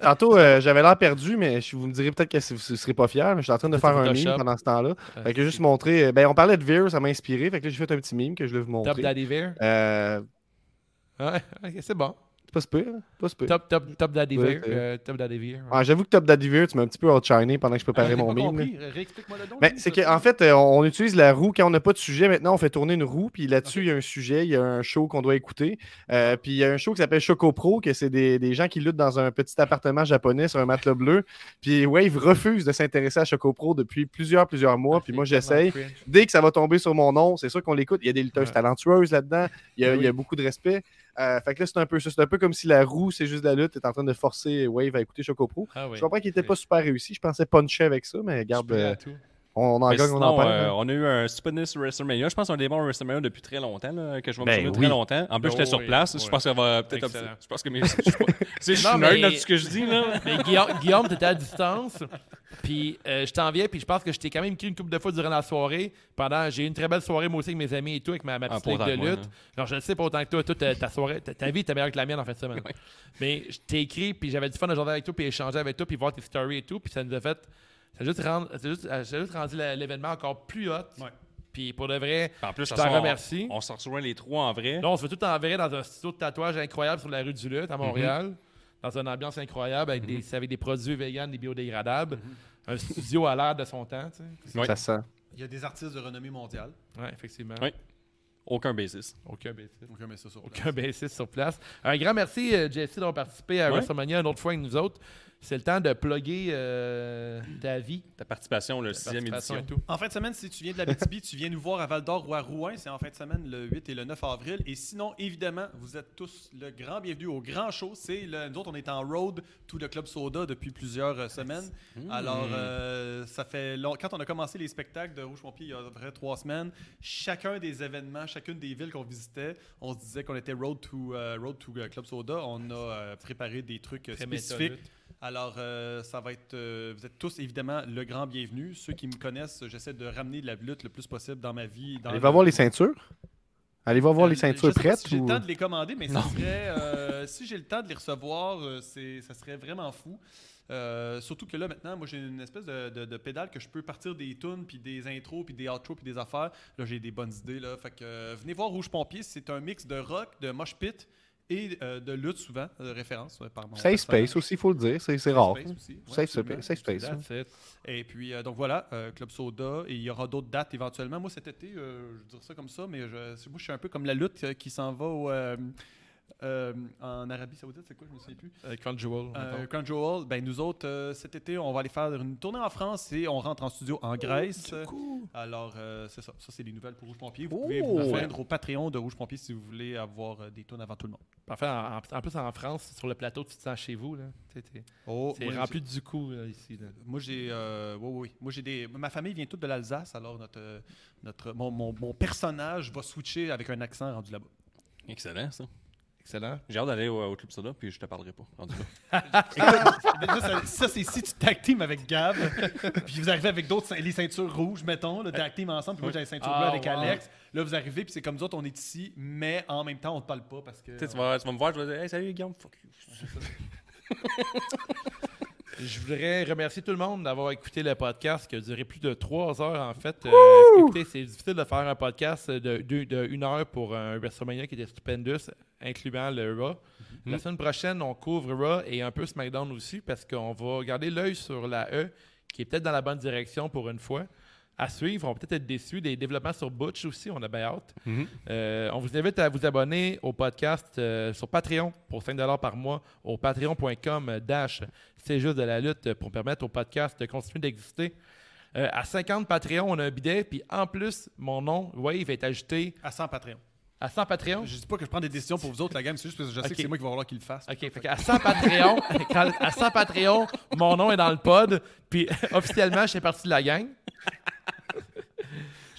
[SPEAKER 6] tantôt, euh, j'avais l'air perdu, mais je- vous me direz peut-être que si vous ne serez pas fier, mais je suis en train de
[SPEAKER 3] Peut-être
[SPEAKER 6] faire un
[SPEAKER 3] Photoshop.
[SPEAKER 6] meme pendant ce temps-là. Fait que juste montrer. euh, Ben, on parlait de Veer, ça m'a inspiré. Fait que là, j'ai fait un petit meme que je voulais vous
[SPEAKER 3] Top
[SPEAKER 6] montrer.
[SPEAKER 3] Daddy Bear.
[SPEAKER 6] Euh,
[SPEAKER 3] Ouais, ok, c'est bon.
[SPEAKER 6] c'est pas si pire. hein, Pas si pire.
[SPEAKER 3] Top, top, top Daddy
[SPEAKER 6] Ouais,
[SPEAKER 3] Bear.
[SPEAKER 6] c'est-
[SPEAKER 3] euh, top Daddy Bear. ouais.
[SPEAKER 6] Ah, J'avoue que Top Daddy Veer, tu m'as un petit peu outshiné pendant que je préparais
[SPEAKER 4] J'ai
[SPEAKER 6] mon
[SPEAKER 4] pas
[SPEAKER 6] meme. là.
[SPEAKER 4] compris. Réexplique-moi le don.
[SPEAKER 6] Ben, c'est qu'en fait, euh, on on utilise la roue quand on n'a pas de sujet. Maintenant, on fait tourner une roue, puis là-dessus, il y a un sujet, il y a un show qu'on doit écouter. Euh, puis il y a un show qui s'appelle Choco Pro, que c'est des, des gens qui luttent dans un petit appartement japonais sur un matelas bleu. Puis Wave refuse de s'intéresser à Choco Pro depuis plusieurs, plusieurs mois. Puis moi, j'essaye dès que ça va tomber sur mon nom, c'est sûr qu'on l'écoute. Il y a des lutteuses
[SPEAKER 3] Ouais.
[SPEAKER 6] talentueuses là-dedans. Il y
[SPEAKER 4] Ben
[SPEAKER 6] a, il y a beaucoup de respect. Euh, fait que là, c'est un peu ça. C'est un peu comme si la roue, c'est juste de la lutte, est en train de forcer Wave à écouter Choco Pro.
[SPEAKER 3] Ah oui.
[SPEAKER 6] Je comprends qu'il n'était pas super réussi. Je pensais puncher avec ça, mais
[SPEAKER 3] Je suis
[SPEAKER 6] regarde,
[SPEAKER 3] prêt à
[SPEAKER 6] euh,
[SPEAKER 3] tout.
[SPEAKER 6] on en
[SPEAKER 5] Mais
[SPEAKER 6] gagne, on en
[SPEAKER 5] sinon,
[SPEAKER 6] parle.
[SPEAKER 5] euh,
[SPEAKER 6] hein.
[SPEAKER 5] on a eu un stupendous WrestleMania. Je pense qu'on a des bons WrestleMania depuis très longtemps, là, que je vais me
[SPEAKER 6] Ben
[SPEAKER 5] souvenir
[SPEAKER 6] oui.
[SPEAKER 5] très longtemps. En plus,
[SPEAKER 3] Oh
[SPEAKER 5] j'étais sur
[SPEAKER 3] oui,
[SPEAKER 5] place. Je
[SPEAKER 3] oui.
[SPEAKER 5] pense que ça va peut-être.
[SPEAKER 3] Excellent.
[SPEAKER 5] obs- Je pense que mes. je suis pas- Tu sais, je suis
[SPEAKER 3] Non,
[SPEAKER 5] nerd
[SPEAKER 3] mais-
[SPEAKER 5] dans tout ce que je dis, là.
[SPEAKER 3] Mais Guillaume, Guillaume t'étais à distance. Puis euh, je t'enviais, puis je pense que je t'ai quand même écrit une couple de fois durant la soirée. Pendant, j'ai eu une très belle soirée, moi aussi, avec mes amis et tout, avec ma, ma
[SPEAKER 5] Ah,
[SPEAKER 3] petite
[SPEAKER 5] pas
[SPEAKER 3] ligue
[SPEAKER 5] autant que
[SPEAKER 3] de
[SPEAKER 5] moi,
[SPEAKER 3] lutte.
[SPEAKER 5] là.
[SPEAKER 3] Alors, je le sais pas autant que toi, toi, ta, ta soirée, ta, ta vie était meilleure que la mienne en fin de semaine.
[SPEAKER 5] Ouais.
[SPEAKER 3] Mais je t'ai écrit, puis j'avais du fun à journée avec toi, puis échanger avec toi, puis voir tes stories et tout, puis ça nous a fait. Ça a juste, rend- ça a juste- ça a juste rendu la- l'événement encore plus hot. Puis pour de vrai,
[SPEAKER 5] En plus,
[SPEAKER 3] Je
[SPEAKER 5] ça
[SPEAKER 3] t'en
[SPEAKER 5] sort-
[SPEAKER 3] remercie.
[SPEAKER 5] On s'en rejoint les trois en vrai.
[SPEAKER 3] là, on se fait tout enverrer dans un studio de tatouage incroyable sur la rue du Lutte à
[SPEAKER 5] Mhm.
[SPEAKER 3] Montréal, dans une ambiance incroyable avec, des, avec des produits véganes, des biodégradables.
[SPEAKER 5] Mhm.
[SPEAKER 3] Un studio à l'air de son temps, tu sais.
[SPEAKER 5] ouais.
[SPEAKER 6] Ça sent.
[SPEAKER 4] Il y a des artistes de renommée mondiale.
[SPEAKER 3] Ouais, effectivement.
[SPEAKER 5] Ouais. Aucun basis.
[SPEAKER 3] Aucun bassiste.
[SPEAKER 4] Donc, on met ça sur
[SPEAKER 3] Aucun bassiste sur place. Un grand merci, euh, Jesse, d'avoir participé à
[SPEAKER 5] Ouais.
[SPEAKER 3] WrestleMania une autre fois avec nous autres. c'est le temps de plugger euh, ta vie.
[SPEAKER 5] Ta participation, le sixième
[SPEAKER 3] participation
[SPEAKER 5] édition.
[SPEAKER 3] et tout.
[SPEAKER 4] En fin de semaine, si tu viens de la BTB, tu viens nous voir à Val d'Or ou à Rouen. C'est en fin de semaine le 8 et le 9 avril. Et sinon, évidemment, vous êtes tous le grand bienvenu au grand show. C'est le, nous autres, on est en road tout le club soda depuis plusieurs euh, semaines. Alors, euh, ça fait long. Quand on a commencé les spectacles de Rouge Pompier il y a à peu près trois semaines, chacun des événements, chacune des villes qu'on visitait, on se disait qu'on était road to euh, road to euh, Club Soda. On a euh, préparé des trucs euh,
[SPEAKER 5] Très
[SPEAKER 4] spécifiques.
[SPEAKER 5] méthode.
[SPEAKER 4] Alors, euh, ça va être. euh, vous êtes tous évidemment le grand bienvenu. Ceux qui me connaissent, j'essaie de ramener de la lutte le plus possible dans ma vie. Dans
[SPEAKER 6] Allez,
[SPEAKER 4] le- Euh,
[SPEAKER 6] va voir les ceintures. Allez, va voir les
[SPEAKER 4] Je sais
[SPEAKER 6] ceintures
[SPEAKER 4] pas
[SPEAKER 6] prêtes.
[SPEAKER 4] Si j'ai
[SPEAKER 6] ou-
[SPEAKER 4] le temps de les commander, mais ça serait, euh, si j'ai le temps de les recevoir, euh, c'est- ça serait vraiment fou. Euh, surtout que là maintenant, moi j'ai une espèce de, de- de pédale que je peux partir des tunes, puis des intros, puis des outros, puis des affaires. Là j'ai des bonnes idées là. Fait que euh, venez voir Rouge Pompier, c'est un mix de rock, de mosh pit et euh, de lutte souvent, de référence euh, par mon
[SPEAKER 6] Safe
[SPEAKER 4] personnage.
[SPEAKER 6] space aussi, il faut le dire. C'est c'est
[SPEAKER 4] Safe
[SPEAKER 6] rare.
[SPEAKER 4] space aussi, ouais,
[SPEAKER 6] Safe
[SPEAKER 4] absolument.
[SPEAKER 6] spa- safe space.
[SPEAKER 3] That's it.
[SPEAKER 4] Et puis, euh, donc voilà, euh, Club Soda, et il y aura d'autres dates éventuellement. Moi, cet été, euh, je dirais ça comme ça, mais je, moi, je suis un peu comme la lutte euh, qui s'en va au, euh, euh, en Arabie Saoudite, c'est quoi, je ne sais plus.
[SPEAKER 3] Euh, Crown Jewel, mettons.
[SPEAKER 4] Euh, Crown Jewel, ben nous autres, euh, cet été, on va aller faire une tournée en France et on rentre en studio en Grèce. Alors, euh, c'est ça. Ça, c'est les nouvelles pour Rouge Pompier. Vous pouvez vous
[SPEAKER 6] Oh!
[SPEAKER 4] rejoindre au Patreon de Rouge Pompier si vous voulez avoir euh, des tournées avant tout le monde.
[SPEAKER 3] Parfait. En, en- en plus, en France, sur le plateau, tu te sens chez vous. là. T'sais, t'es-
[SPEAKER 4] Oh,
[SPEAKER 3] C'est rempli du coup là, ici. là.
[SPEAKER 4] Moi, j'ai. euh, oui, oui, oui. Moi, j'ai des. Ma famille vient toute de l'Alsace, alors notre, euh, notre, mon, mon- mon personnage va switcher avec un accent rendu là-bas.
[SPEAKER 5] Excellent, ça.
[SPEAKER 3] Excellent.
[SPEAKER 5] J'ai hâte d'aller au, au Club Soda, puis je te parlerai pas. rendu là.
[SPEAKER 4] Mais là, ça, ça, c'est si tu tag team avec Gab, puis vous arrivez avec d'autres, ceint- les ceintures rouges, mettons, le tag team ensemble, puis moi, j'ai les ceintures
[SPEAKER 3] Ah,
[SPEAKER 4] bleues avec
[SPEAKER 3] ouais.
[SPEAKER 4] Alex. Là, vous arrivez, puis c'est comme nous autres, on est ici, mais en même temps, on ne parle pas parce que.
[SPEAKER 5] Tu sais, tu vas, tu vas me voir, je vais dire Hey, salut Guillaume, fuck you.
[SPEAKER 3] Je voudrais remercier tout le monde d'avoir écouté le podcast qui a duré plus de trois heures en fait. Euh, écoutez, c'est difficile de faire un podcast de, de, de une heure pour un WrestleMania qui était stupendous, incluant le Raw. La semaine prochaine, on couvre Raw et un peu SmackDown aussi parce qu'on va garder l'œil sur la E qui est peut-être dans la bonne direction pour une fois. À suivre, on va peut-être être déçus des développements sur Butch aussi, on a bien hâte. Euh, on vous invite à vous abonner au podcast euh, sur Patreon pour 5 par mois au patreon.com dash c'est juste de la lutte pour permettre au podcast de continuer d'exister. Euh, à 50 Patreon, on a un bidet, puis en plus, mon nom, Wave, est ajouté
[SPEAKER 4] À 100 Patreon.
[SPEAKER 3] à 100 Patreon.
[SPEAKER 4] Je dis pas que je prends des décisions pour vous autres, la gamme, c'est juste parce que je sais
[SPEAKER 3] Ok.
[SPEAKER 4] que c'est moi qui vais vouloir qu'ils le fassent.
[SPEAKER 3] OK, à 100 Patreon, quand- à 100 Patreon, mon nom est dans le pod, puis officiellement, je fais partie de la gang.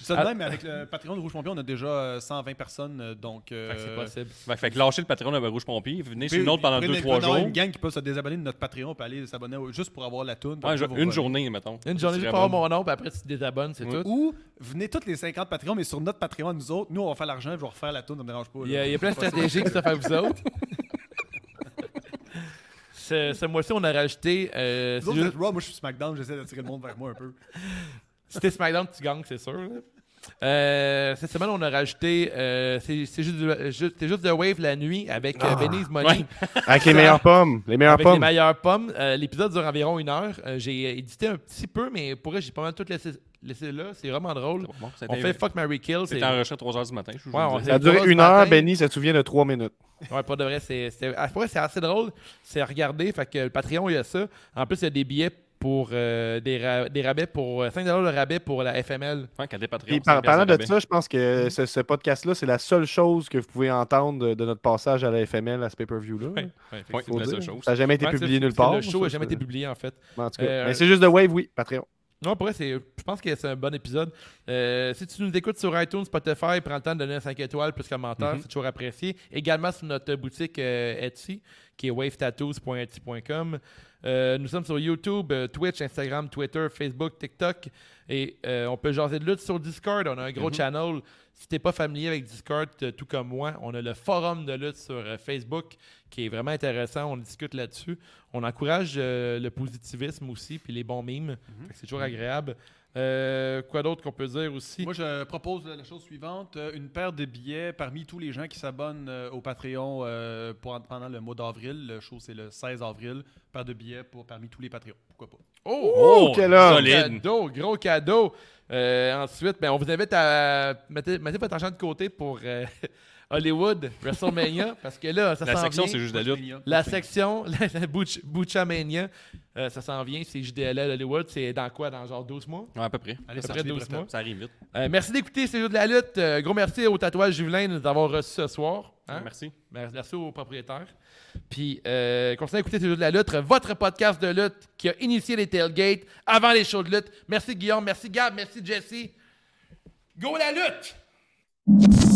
[SPEAKER 4] Je dis ça de même, mais avec le Patreon de Rouge Pompier, on a déjà euh, 120 personnes, euh, donc.
[SPEAKER 3] Fait que c'est
[SPEAKER 4] euh,
[SPEAKER 3] possible.
[SPEAKER 5] Ben, fait que lâchez le Patreon de Ben Rouge Pompier, venez sur
[SPEAKER 4] Puis,
[SPEAKER 5] une autre pendant
[SPEAKER 4] prenez
[SPEAKER 5] 2-3
[SPEAKER 4] le- on a
[SPEAKER 5] jours.
[SPEAKER 4] une gang qui peut se désabonner de notre Patreon puis aller s'abonner au- juste pour avoir la toune. puis
[SPEAKER 5] Ouais,
[SPEAKER 4] après,
[SPEAKER 5] jo-
[SPEAKER 4] vous
[SPEAKER 5] une
[SPEAKER 4] revenez.
[SPEAKER 5] journée, mettons.
[SPEAKER 3] Une journée juste
[SPEAKER 5] C'est
[SPEAKER 3] pour avoir
[SPEAKER 5] vraiment-
[SPEAKER 3] mon nom, puis après, tu te désabonnes, c'est tout.
[SPEAKER 4] Ou venez toutes les 50 Patreons, mais sur notre Patreon, nous autres, nous, on va faire l'argent, je vais refaire la toune, ça me dérange pas. là.
[SPEAKER 3] Il y, a, il y a plein de stratégies qui se fait à vous autres. Ce, ce mois-ci, on a rajouté. euh,
[SPEAKER 4] Vous
[SPEAKER 3] c'est
[SPEAKER 4] autres, vous
[SPEAKER 3] juste-
[SPEAKER 4] êtes Raw, moi, je suis SmackDown, j'essaie d'attirer le monde vers moi un peu.
[SPEAKER 3] Si t'es SmackDown, tu gagnes, c'est sûr. là. Euh, cette semaine, on a rajouté euh, c'est c'est juste, du- juste- c'est juste de Wave la nuit avec euh, Benny's Money.
[SPEAKER 5] Ah. Ouais.
[SPEAKER 6] Avec les meilleures pommes. Les meilleures
[SPEAKER 3] Avec les
[SPEAKER 6] pommes.
[SPEAKER 3] meilleures pommes. Euh, L'épisode dure environ une heure. Euh, j'ai édité un petit peu, mais pour vrai, j'ai pas mal tout laissé, laissé là. C'est vraiment drôle.
[SPEAKER 5] Bon, ça a
[SPEAKER 3] On
[SPEAKER 5] été-
[SPEAKER 3] fait Fuck Mary Kill.
[SPEAKER 5] C'était
[SPEAKER 3] c'est-
[SPEAKER 5] enregistré à 3 h du matin. je vous
[SPEAKER 3] Ouais,
[SPEAKER 5] le
[SPEAKER 3] on
[SPEAKER 5] dis.
[SPEAKER 6] Ça a duré
[SPEAKER 3] Grosse
[SPEAKER 6] une heure,
[SPEAKER 3] matin.
[SPEAKER 6] Benny, ça te souvient de trois minutes.
[SPEAKER 3] Ouais, pas de vrai, c'est c'est- ah, pour vrai, c'est assez drôle. C'est à regarder. Fait que le Patreon, il y a ça. En plus, il y a des billets pour euh, des, ra- des rabais pour euh, 5 de rabais pour la FML.
[SPEAKER 5] Ouais, quand t'es Patreon.
[SPEAKER 6] Puis
[SPEAKER 5] c'est
[SPEAKER 6] par-
[SPEAKER 5] une pièce
[SPEAKER 6] parlant de
[SPEAKER 5] rabais.
[SPEAKER 6] ça, je pense que ce, ce podcast-là, c'est la seule chose que vous pouvez entendre de, de notre passage à la FML, à ce pay-per-view-là.
[SPEAKER 5] Ouais,
[SPEAKER 6] Faut
[SPEAKER 5] c'est la
[SPEAKER 6] dire.
[SPEAKER 5] seule chose.
[SPEAKER 6] Ça n'a jamais été
[SPEAKER 3] Ouais,
[SPEAKER 6] publié
[SPEAKER 3] c'est-
[SPEAKER 6] nulle
[SPEAKER 3] c'est
[SPEAKER 6] part.
[SPEAKER 3] Le show
[SPEAKER 6] ça,
[SPEAKER 3] n'a jamais
[SPEAKER 6] c'est-
[SPEAKER 3] été publié, en fait.
[SPEAKER 6] En tout cas,
[SPEAKER 3] Euh,
[SPEAKER 6] mais c'est juste de Wave, oui, Patreon.
[SPEAKER 3] Non, pour vrai, c'est- je pense que c'est un bon épisode. Euh, si tu nous écoutes sur iTunes, Spotify, prends le temps de donner un 5 étoiles plus commentaire, c'est toujours apprécié. Également sur notre boutique euh, Etsy, qui est wavetattoos.etsy.com. Euh, nous sommes sur YouTube, euh, Twitch, Instagram, Twitter, Facebook, TikTok. Et euh, on peut jaser de lutte sur Discord. On a un gros channel. Si t'es pas familier avec Discord, euh, tout comme moi, on a le forum de lutte sur euh, Facebook qui est vraiment intéressant. On discute là-dessus. On encourage euh, le positivisme aussi, puis les bons mimes. Fait que C'est toujours agréable. Euh, quoi d'autre qu'on peut dire aussi?
[SPEAKER 4] Moi, je propose la chose suivante euh, une paire de billets parmi tous les gens qui s'abonnent euh, au Patreon euh, pour- pendant le mois d'avril. Le show, c'est le 16 avril. Paire de billets pour, parmi tous les Patreons. Pourquoi pas?
[SPEAKER 3] Oh!
[SPEAKER 6] Oh, quel homme!
[SPEAKER 5] solide.
[SPEAKER 3] Cadeau, gros cadeau. Euh, ensuite, ben, on vous invite à mettez, mettez votre argent de côté pour euh, Hollywood, WrestleMania, parce que là, ça
[SPEAKER 5] La
[SPEAKER 3] s'en
[SPEAKER 5] section,
[SPEAKER 3] vient.
[SPEAKER 5] c'est juste de la lutte.
[SPEAKER 3] La section, la, la Butch- Butchamania, euh, ça s'en vient, c'est JDLL Hollywood, c'est dans quoi? Dans genre 12 mois?
[SPEAKER 5] Ouais, à peu près.
[SPEAKER 3] À peu
[SPEAKER 5] ça
[SPEAKER 3] près
[SPEAKER 5] arrive
[SPEAKER 3] 12 mois.
[SPEAKER 5] Ça arrive vite.
[SPEAKER 3] Euh, merci d'écouter, c'est le jeu de la lutte. Euh, gros merci au tatouage Juvelin de nous avoir reçus ce soir. hein.
[SPEAKER 5] Merci.
[SPEAKER 3] Mer- Merci aux propriétaires. Puis, euh, continuez à écouter C'est le jeu de la lutte, votre podcast de lutte qui a initié les tailgates avant les shows de lutte. Merci Guillaume, merci Gab, merci Jesse. Go la lutte!